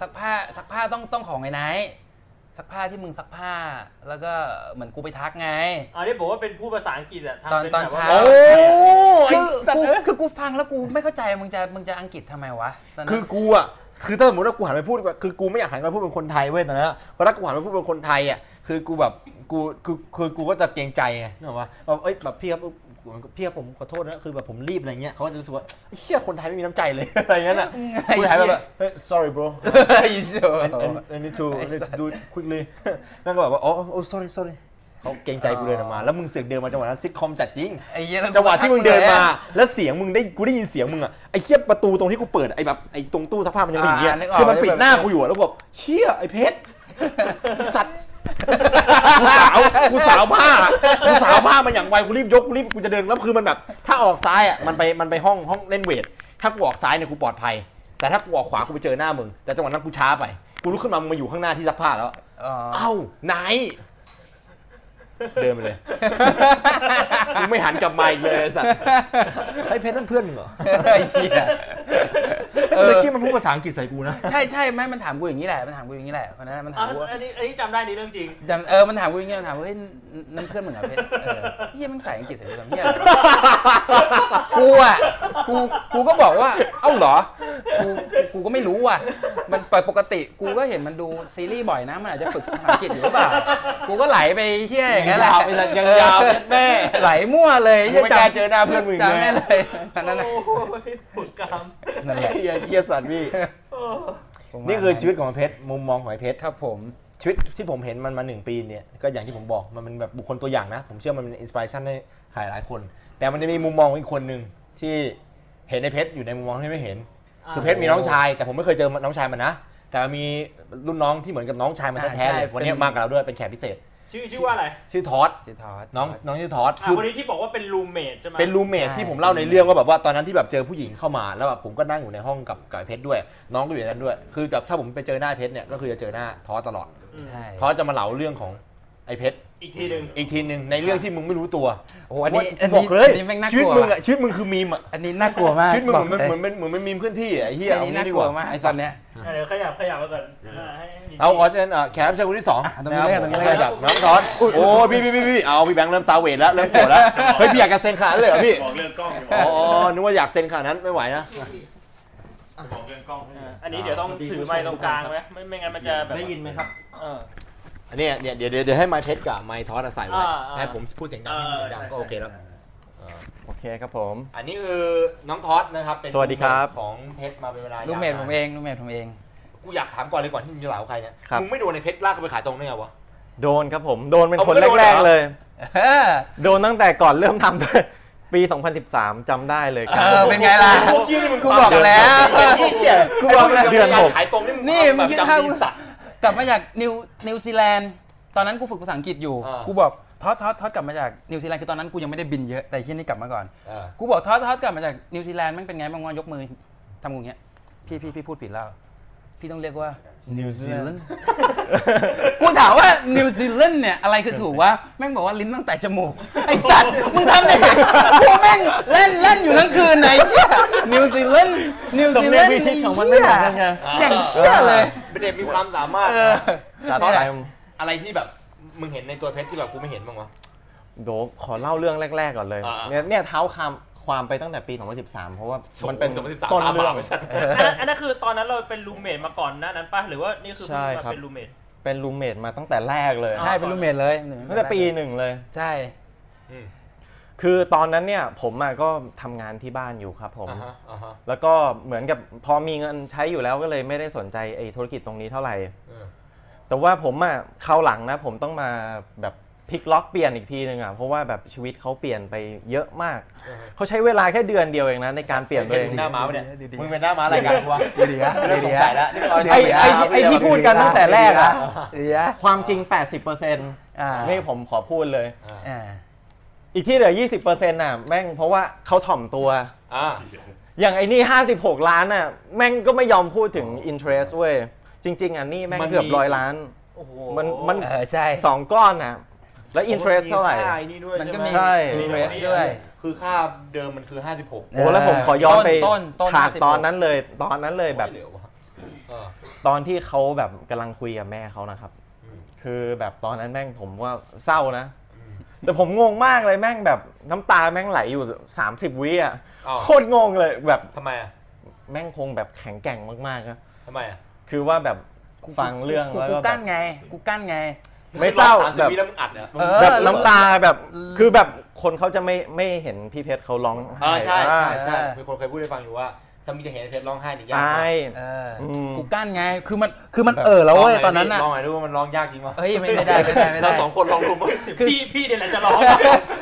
Speaker 4: ซักผ้าซักผ้าต้องต้องของไอ้ไนท์ซักผ้าที่มึงซักผ้า แล้วก็เหมือนกูไปทักไง
Speaker 2: อันนี้บอกว่าเป็นผู้ภาษาอังกฤษอะทำ
Speaker 4: ตอน
Speaker 2: เป็น
Speaker 4: ตอน
Speaker 2: แบบว่
Speaker 4: เช้า
Speaker 1: โอ้ไอ
Speaker 4: คือ
Speaker 1: สัต
Speaker 4: กู
Speaker 1: ว์เอ้ย
Speaker 4: คือกูฟังแล้วกูไม่เข้าใจมึงจะมึงจะอังกฤษทำไมวะตนนั้น
Speaker 1: คือกูอ่ะ คือถ้าสมมติว่ากูหันไปพูดแบบคือกูไม่อยากหันไปพูดเป็นคนไทยเว้ยตอนนั้นอะเพราะถ้ากูหันไปพูดเป็นคนไทยอ่ะ คือกูแบบ กู คือคือกูก็จะเกรงใจไงนึกออกปะแบบเอ้ย แบบพี่ครับพี่ครับผมขอโทษนะ คือแบบผมรีบอะไรเงี้ยเขาก็จะรู้สึกว่าเชี่ยคนไทยไม่มีน้ำใจเลย อะไรเงี้ย น่ะ
Speaker 4: ไอ้
Speaker 1: กู
Speaker 4: เหี้ย
Speaker 1: ไทยแบบเฮ้ย sorry bro
Speaker 4: ไอ้เหี้ย
Speaker 1: I, I, I need to I need to do it quickly นั่นก็แบบว่า อ๋อ oh sorry sorry เขาเกรงใจกูเลยนะมา แล้วมึงเสือกเดินมาจังหวะนั้นซิทคอมจัดจริง
Speaker 4: ไอ้เหี้ยแล้
Speaker 1: จังหวะที่มึงเดินมา
Speaker 4: อ่ะ
Speaker 1: แล้วเสียงมึงได้กูได้ยินเสียงมึงอะไอ้เคียบประตูตรงที่กูเปิดไอ้แบบไอ้ตรงตู้เสภาพมันยังเป็นอย่างเงี้ย
Speaker 4: อ่านึกออก
Speaker 1: คือมันปิดหน้า
Speaker 4: แบบ
Speaker 1: กูอยู่อะแล้วกูแบบเชี่ยไอ้เพชรไอ้สัตว์กูสาวกูสาวผ้ากูสาวผ้ามันอย่างไวกูรีบยกกูรีบกูจะเดินแล้วคือมันแบบ ถ้าออกซ้ายอะมันไปมันไปห้องห้องเล่นเวท ถ้ากูออกซ้ายเนี่ยกูปลอดภัย แต่ถ้ากูออกขวากูไปเจอหน้ามึง แต่จังหวะนั้นกูช้าไปกูลุกขึ้นมามึงมาอยู่ข้างหน้าที่ซักผ้าแล้ว
Speaker 4: อ๋อ
Speaker 1: เอ้านายเดินไปเลย มึงไม่ หันกลับมาอีกเลยไอ้สัตว์ไอ้เพชรนั่นเพื่อนมึงเหรอ
Speaker 4: ไอ้เหี้ย
Speaker 1: เมื่อกี้มันพูดภาษาอังกฤษใส่กูนะ
Speaker 4: ใช่ใช่ไหมมันถามกูอย่างนี้แหละ มันถามกูอย่างนี้แหละเพราะฉะนั้นมัน
Speaker 2: อ่ะ
Speaker 4: ถามกูว่า
Speaker 2: อันนี้อันนี้จำได้นี่เรื่องจริง
Speaker 4: จำเออ มันถามกูอย่างนี้มันถามว่าเฮ้ยน้ำเพื่อนมึงเหรอเพชรเออเฮียมันใส่อังกฤษใส่กูทำเฮียอะไรวะกูอ่ะกูกูก็บอกว่า เอ้าเหรอ กูกูก็ไม่รู้ว่ะ มันปกติกูก็เห็นมันดูซีรีส์บ่อยนะมันอาจจะฝึกภาษาอังกฤษอยู่หรือเปล่า กูก็ไหลไปเฮียอย่าง
Speaker 1: ยั
Speaker 4: นั้
Speaker 1: ง
Speaker 4: นแหละ
Speaker 1: ยาวไอ้สัตว์ยังยาวเพชรแม่
Speaker 4: ไหลมั่วเลย
Speaker 1: มึง
Speaker 4: เหี้ย
Speaker 1: ไม่
Speaker 4: จ
Speaker 1: กล้าเจอหน้าเพื่อนมึง
Speaker 4: ำ
Speaker 1: อีก
Speaker 4: จำ
Speaker 1: เล
Speaker 4: แน่
Speaker 1: ย
Speaker 4: เลยอันนั้นแหละ
Speaker 2: โอ้โหปวดกราม
Speaker 4: นั่นแหละ
Speaker 1: เฮียเฮียสัตว์พี่
Speaker 2: เออ
Speaker 4: ประมาณ
Speaker 1: นี่คือชีวิตของไอ้เพชร มุมมองของไอ้เพชร
Speaker 4: ครับผม
Speaker 1: ชีวิตที่ผมเห็นมันมาหนึ่งปีเนี่ยก็อย่างที่ผมบอกมันเป็นแบบบุคคลตัวอย่างนะ ผมเชื่อมันเป็นอินสปิเรชันให้ใครหลายคน แต่มันจะมีมุมมองของอีกคนหนึ่งที่ เห็นในเพชรอยู่ในมุมมองที่ไม่เห็น
Speaker 2: อ่า
Speaker 1: คือเพชรมีน้องชาย แต่ผมไม่เคยเจอน้องชายมันนะ แต่มันมีรุ่นน้องที่เหมือนกับน้องชายมัน
Speaker 4: อ่า
Speaker 1: แท้ๆเลย
Speaker 4: ใช่
Speaker 1: วันนี้
Speaker 4: เป็น
Speaker 1: มากับเราด้วยเป็นแขกพิเศษ
Speaker 2: ชื่อชื่อว่าอะไร
Speaker 1: ชื่อทอส
Speaker 4: จิทอส
Speaker 1: น้องน้องชื่อทอส
Speaker 2: อ่ะ
Speaker 1: คือ
Speaker 2: วันนี้ที่บอกว่าเป็นรูมเมทใช่ไหม
Speaker 1: เป็นรูเมท
Speaker 4: ใช่
Speaker 1: ที่ผมเล่าในเรื่องว่าแบบว่าตอนนั้นที่แบบเจอผู้หญิงเข้ามาแล้วแบบผมก็นั่งอยู่ในห้องกับกับไอ้เพชรด้วย น้องก็อยู่ในนั้นด้วย คือแบบถ้าผมไปเจอหน้าเพชรเนี่ยก็คือจะเจอหน้าทอสตลอด
Speaker 4: ใช่
Speaker 1: ทอสจะมาเล่าเรื่องของไอ้เพชร
Speaker 2: อีกทีหนึ่ง
Speaker 1: อีกทีหนึ่งในเรื่องที่มึงไม่รู้ตัว
Speaker 4: โอ้โหอันนี้อัน
Speaker 1: บอ
Speaker 4: นี้
Speaker 1: กเลย
Speaker 4: อันนี้แม่งน่า
Speaker 1: ชีวิ
Speaker 4: ก
Speaker 1: ต
Speaker 4: ลัว
Speaker 1: มึงอะชีวิตมึงคือมีมอะ
Speaker 4: อันนี้น่ากลัวมาก
Speaker 1: ชีวิตมึง
Speaker 4: บอก
Speaker 1: เหมือน
Speaker 4: เลย
Speaker 1: เหมือนเป็นเหมือนเป็นมีมเคลื่อนที่อะไอ้เหี้ย
Speaker 4: อันนี้น่ากลัวมาก
Speaker 1: เองี้ดี
Speaker 4: ต
Speaker 1: ว่
Speaker 4: อนเนี้ย
Speaker 2: อ่ะเดี๋ยวขยับขยับมาก่อนอ่ะให้ให้
Speaker 1: เอาขอเชิญเอ่อแขกรับเชิญคนที่สอง
Speaker 4: อ่ะตรงนี้เลยตรงนี้เลย
Speaker 1: ะคบน้องทอนโอ้พี่พี่พี่พี่เอาพี่แบงค์เริ่มซาเวทแล้วเริ่มโกรธแล้วเฮ้ยพี่อยากจะเซ็นขนาดนั้นเลยเหรอพี่
Speaker 5: บอกเรื่องกล้องอยู่
Speaker 1: อ๋ออ๋อนึกว่าอยากเซ็นขนาดนั้นไม่ไหวนะ
Speaker 5: บอกเรื่องกล้องอยู่
Speaker 2: อันนี้เดี๋ยวต้องถือไม้ตรงกลางไหมไม่ไม่งั้นมันจะแบบได้ยินไหมครับเออ
Speaker 1: อันเนี้ยเนี่ยเดี๋ยวเดี๋ยวเดี๋ยวให้ไมค์เพชรกับไมค์ทอสอะใส่ไว้
Speaker 2: อ่าอ่า
Speaker 1: ให้ผมพูดเสียงดังให้เสียงดังก็โอเคแล้ว
Speaker 9: โอเคครับผม
Speaker 1: อันนี้คือน้องทอสนะครับเป็น
Speaker 9: สวัสดีครับ
Speaker 1: ของเพชรมาเป็นเวลา
Speaker 4: รู
Speaker 1: ยา
Speaker 4: เมท
Speaker 1: นาน
Speaker 4: ผมเองรูเมทผมเอง
Speaker 1: กูอยากถามก่อนเลยก่อนที่มึงจะเหล่าใครเนี่ย
Speaker 9: ครับ
Speaker 1: มึงไม่โดนในเพชรลากกูไปขายตรงได้ไงวะ
Speaker 9: โดนครับผม โดนเป็น
Speaker 1: เอา
Speaker 9: คน
Speaker 1: มึงก็โดน
Speaker 9: แรก
Speaker 1: เหรอ
Speaker 9: ๆเลย
Speaker 4: เออ
Speaker 9: โดนตั้งแต่ก่อนเริ่มทำด้วย ปี 2013จำได้เลยค
Speaker 4: เอ
Speaker 9: รับ
Speaker 4: อ เป็นไงล่ะ
Speaker 1: พวกเหี้ยนี่มึง
Speaker 4: กูบอกแล้ว กู
Speaker 1: กูบบ อ
Speaker 4: อก ก
Speaker 1: แล้
Speaker 4: แล้วว
Speaker 9: เดือนหก
Speaker 1: ขายตรงนี่มึง
Speaker 4: นี่
Speaker 1: ความ
Speaker 4: มึงคิด
Speaker 1: แบบ
Speaker 4: ภาพ
Speaker 1: จำดีสัตว์
Speaker 4: กลับมาจากนิวนิวซีแลนด์ ตอนนั้นกูฝึกภาษาอังกฤษอยู่
Speaker 1: อ่ากู
Speaker 4: กูบอกทอดทอดทอดกลับมาจากนิวซีแลนด์คือตอนนั้นกูยังไม่ได้บินเยอะ แต่ที่นี่กลับมาก่อน
Speaker 1: เออ
Speaker 4: กูบอกทอดทอดกลับมาจากนิวซีแลนด์แมันเป็นไงบ้างวะยกมือทำกูอย่างเงี้ย พี่พี่พี่พูดผิดแล้ว พี่ต้องเรียกว่านิวซีแลนด์ กูถามว่านิวซีแลนด์เนี่ยอะไรคือถูกวะแม่งบอกว่าลิ้นตั้งแต่จมูก ไอสัตว์มึงทำได้ไงกูแม่งเล่นเล่นอยู่ทั้งคืนไหนเหี้ยนิวซีแลนด์นิวซีแลนด์
Speaker 9: สำเนียง British ของมันไม่เหมือนกันไง
Speaker 4: อย่างเชี่ยเลย
Speaker 1: เป็นเด็กมีความสามารถ
Speaker 4: เออ
Speaker 9: จัด
Speaker 1: เนี่ย
Speaker 9: ไป
Speaker 1: อะไรที่แบบมึงเห็นในตัวเพชรที่แบบกูไม่เห็นบ้างวะ
Speaker 9: โดยวขอเล่าเรื่องแรก ๆ ก่อนเลย
Speaker 1: อ่า
Speaker 9: เนี่ยเนี่ยเท้าความความไปตั้งแต่ปี 2013 เพราะว่ามันเป็น
Speaker 1: สมัยสิบสาม
Speaker 9: ต้น
Speaker 1: ตาม
Speaker 9: เรื่
Speaker 1: มา
Speaker 9: อง
Speaker 1: ไปสัตว์
Speaker 2: อันนั้นอันนั้นคือตอนนั้นเราเป็นรูมเมทมาก่อนหนะนั้นป่ะหรือว่านี่คือ
Speaker 9: ใช่ครับ
Speaker 2: เป็นรูมเมท
Speaker 9: เป็นรูเมทมาตั้งแต่แรกเลย
Speaker 2: อ่า
Speaker 4: ใช่เป็นรูเมทเลย
Speaker 9: ตั้งแต่ปีหนึ่งเลย
Speaker 4: ใช่
Speaker 9: คือตอนนั้นเนี่ยผมอะก็ทำงานที่บ้านอยู่ครับผม
Speaker 1: อ่าฮะอ่าฮะ
Speaker 9: แล้วก็เหมือนกับพอมีเงินใช้อยู่แล้วก็เลยไม่ได้สนใจไอ้ธุรกิจตรงนี้เท่าไหร่
Speaker 1: เออ
Speaker 9: แต่ว่าผมอ่ะคราวหลังนะผมต้องมาแบบพลิกล็อกเปลี่ยนอีกทีหนึ่งอ่ะเพราะว่าแบบชีวิตเขาเปลี่ยนไปเยอะมาก
Speaker 1: เออ
Speaker 9: เขาใช้เวลาแค่เดือนเดียวเองนะในการเปลี่ยนตัว
Speaker 1: เป็
Speaker 9: เอง
Speaker 1: นหน้าม้าปะเนี่ย
Speaker 4: ดีๆ
Speaker 1: มึงเป็นหน้าม้ารายการกูวะ
Speaker 4: เดี๋ยวดีนะ
Speaker 1: เริ่มสงสัยแล้วนี่เรา
Speaker 9: ไอ้ไอ้ไอ้ที่พูดกันตั้งแต่แรกอ่ะ
Speaker 4: เดี๋ยวนะ
Speaker 9: ความจริง 80%
Speaker 4: อ่า
Speaker 9: นี่ผมขอพูดเลย
Speaker 4: อ่า
Speaker 9: อีกที่เหลือ 20%น่ะแม่งเพราะว่าเขาถ่อมตัว
Speaker 1: อ่า
Speaker 9: อย่างไอ้นี่ 56 ล้านน่ะแม่งก็ไม่ยอมพูดถึง interest เว้ยจริง ๆอ่ะนี่แม่ง
Speaker 1: มันมี
Speaker 9: เกือบร้อยล้าน
Speaker 2: โอ้โห
Speaker 9: มันมัน
Speaker 4: เออใช่
Speaker 9: สองก้อนน่ะแล้ว interest เท่าไหร่
Speaker 1: ค่นี่ด้วย
Speaker 4: มันก็
Speaker 1: ใช่ไห
Speaker 4: มี
Speaker 1: ม
Speaker 9: ใช่
Speaker 4: interest ด้วย
Speaker 1: คือค่าเดิมมันคือ 56
Speaker 9: โอ้แล้วผมขอย้อนไป
Speaker 4: ต้นต้น
Speaker 9: ฉาก
Speaker 4: 56
Speaker 9: ตอนนั้นเลยตอนนั้นเลยแบบ
Speaker 1: เหลววะเออ
Speaker 9: ตอนที่เขาแบบกำลังคุยกับแม่เขานะครับ
Speaker 1: อืม
Speaker 9: คือแบบตอนนั้นแม่งผมว่าเศร้านะ แต่ผมงงมากเลยแม่งแบบน้ำตาแม่งไหลอยู่ 30 วิอ่ะ
Speaker 1: อ้าว
Speaker 9: โคตรงงเลยแบบ
Speaker 1: ทำไมอ่ะ
Speaker 9: แม่งคงแบบแข็งแกร่งมากๆนะ
Speaker 1: ทำไมอ่ะ
Speaker 9: คือว่าแบบฟังเรื่อง
Speaker 4: กู
Speaker 9: แล้ว
Speaker 4: กู
Speaker 9: ก็แบ
Speaker 4: กั้
Speaker 9: บ
Speaker 4: นไง กูกั้นไง
Speaker 9: ไม่เศร้า
Speaker 1: คือองสามสิบ
Speaker 9: แบบ
Speaker 1: วิแล้วมึงอัดเหรอ
Speaker 4: เออ
Speaker 9: แบบน้ำตาแบบคือแบบคนเขาจะไม่ไม่เห็นพี่เพชรเขาร้อง
Speaker 1: อ่า
Speaker 9: ไห้
Speaker 1: ใช่ใช่
Speaker 4: ใช่
Speaker 1: ใช่มีคนเคยพูดให้ฟังอยู่ว่า ถ้ามึงจะเห็นไอ้เพชรร้องไห้นี่ยาก
Speaker 9: อาย
Speaker 4: เอออ
Speaker 9: ม
Speaker 4: กูกั้นไง คือมัน คือมันเออแล้วเว้ยตอนนั้น
Speaker 1: น่ะล
Speaker 4: อ่ะ
Speaker 1: องหน่อยดูว่ามันร้องยากจริงมั้ย
Speaker 4: เฮ้ยไม่ไม่ได้ไม่ได้ไม่ได้
Speaker 1: เราสองคนลองดูมั้ย
Speaker 2: พี่พี่เดี๋ยวแหละจะร้อง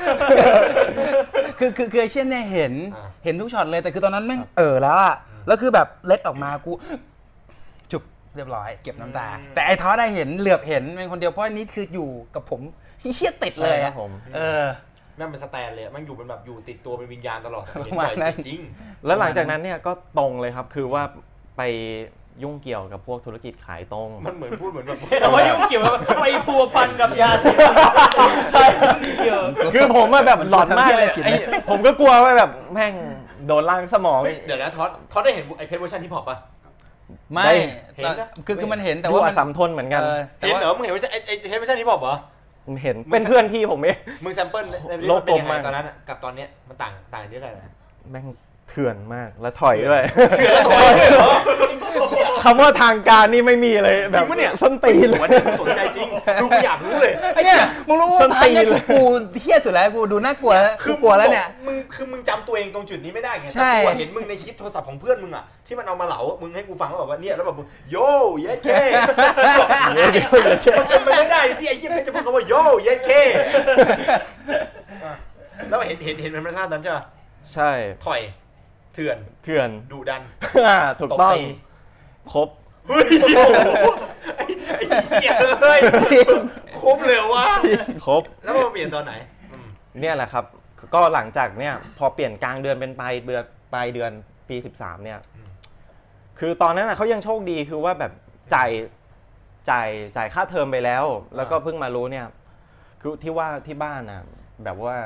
Speaker 4: คือคือคือไอ้เช่นเนี่ยเห็น
Speaker 1: อ่า
Speaker 4: เห็นทุกช็อตเลยแต่คือตอนนั้นแม่งเออแล้วอะแล้วคือแบบเล็ดออกมากู จุบเรียบร้อย เก็บน้ำตา แต่ไอ้ท้อได้เห็นเหลือบเห็นเป็นคนเดียวเพราะอันนี้คืออยู่กับผมเฮี้ยติดเลย
Speaker 9: ใช่ครั
Speaker 4: อะ
Speaker 9: บผม
Speaker 4: เออ
Speaker 1: แม่งเป็นสแตนเลยอะแมันอยู่เป็นแบบอยู่ติดตัวเป็นวิญญาณตลอด
Speaker 4: ประมาณนั้น
Speaker 1: เห็บ่อยจริง
Speaker 9: แล้วหลังจากนั้นเนี่ยก็ตรงเลยครับคือว่าไปยุ่งเกี่ยวกับพวกธุรกิจขายตรง
Speaker 1: ๆมันเหมือนพูดเหมือนแบบ
Speaker 2: แต่ว่ายุ่งเกี่ยวกับไปพัวพันกับยาเสพติดใช่เกี่ยว
Speaker 9: คือผมอะแบบ
Speaker 4: มัน
Speaker 9: หลอนมาก
Speaker 4: ทำ
Speaker 9: เลย
Speaker 4: เหี้ยอะไรผิดนะ
Speaker 9: ไอ้ผมก็กลัวว่าแบบแม่งโดนล่างสมอง
Speaker 1: เฮ้ยเดี๋ยวนะท็อตท็อตได้เห็นไอ้เพชรเวอร์ชันฮิปฮอปป่ะ
Speaker 4: ไม่
Speaker 9: ได้
Speaker 1: เห็นนะ
Speaker 4: คือคือมันเห็นแต่
Speaker 9: ดู
Speaker 4: ว่า
Speaker 9: อ
Speaker 4: มัน
Speaker 9: สามทนเหมือนกัน
Speaker 4: เออแต่
Speaker 1: เห็น
Speaker 4: ว่า
Speaker 1: เหรอมึงเห็นเวอร์ชันไอ้ไอ้เพชรเวอร์ชันฮิปฮอปเหรอ
Speaker 9: เห็น
Speaker 1: มึง
Speaker 9: เป็นเพื่อนพี่ผมเอง
Speaker 1: มึงแซมเปิลในใน
Speaker 9: โล
Speaker 1: เรื่อก งเป็นยังไง
Speaker 9: กลมมาก
Speaker 1: ตอนนั้นอะกับตอนเนี้ยมันต่างต่างเยอะกันนะ
Speaker 9: แม่งเถื่อนมากแล้วถอยด้วยคำว่าทางการนี่ไม่มีเลยแบบส้นตีนเลย
Speaker 1: วันนี้กูสนใจจริงดูกูอยากรู้เลย
Speaker 4: ไอ้เนี่ยมึงรู้
Speaker 9: ส้
Speaker 4: ว่าน อันเนี้ย
Speaker 9: ตีนเลย
Speaker 4: กูเฮี้ยสุดแล้วกูดูน่ากลัวแล้วกูกลัวแล้วเนี่ย
Speaker 1: มึงคือมึงจำตัวเองตรงจุดนี้ไม่ได้ไง
Speaker 4: ใช่
Speaker 1: แต่กูอะเห็นมึงในคลิปโทรศัพท์ของเพื่อนมึงอ่ะที่มันเอามาเหลามึงให้กูฟังแล้วแบบว่าเนี่ยแล้วแบบมึงโย่เย้เคมันเป็นไปไม่ได้ที่ไอ้เหี้ยเพชรจะพูดคำว่าโย่เย้เคแล้วเห็นเห็นเห็นมันพระชาตินั้นใช่ปะ
Speaker 9: ใช่
Speaker 1: ถอย เถื่อน
Speaker 9: เถื่อน
Speaker 1: ดุดัน
Speaker 9: ถูกต้อง
Speaker 1: ตบตี
Speaker 9: ครบ
Speaker 1: เฮ้ยโอ้โหไอ้ไอ้เหี้ยเฮ้ยครบเลยวะ
Speaker 9: ครบ
Speaker 1: แล้วมาเปลี่ยนตอนไหน
Speaker 9: เนี่ยแหละครับ ก็หลังจากเนี่ยพอเปลี่ยนกลางเดือนเป็นปลายเดือนปลายเดือนปี 13 เนี่ย
Speaker 1: อืม
Speaker 9: คือตอนนั้นนะเขายังโชคดีคือว่าแบบจ่ายจ่ายจ่ายค่าเทอมไปแล้ว แล้วก็เพิ่งมารู้เนี่ย คือที่ว่าที่บ้านน่ะแบบว่า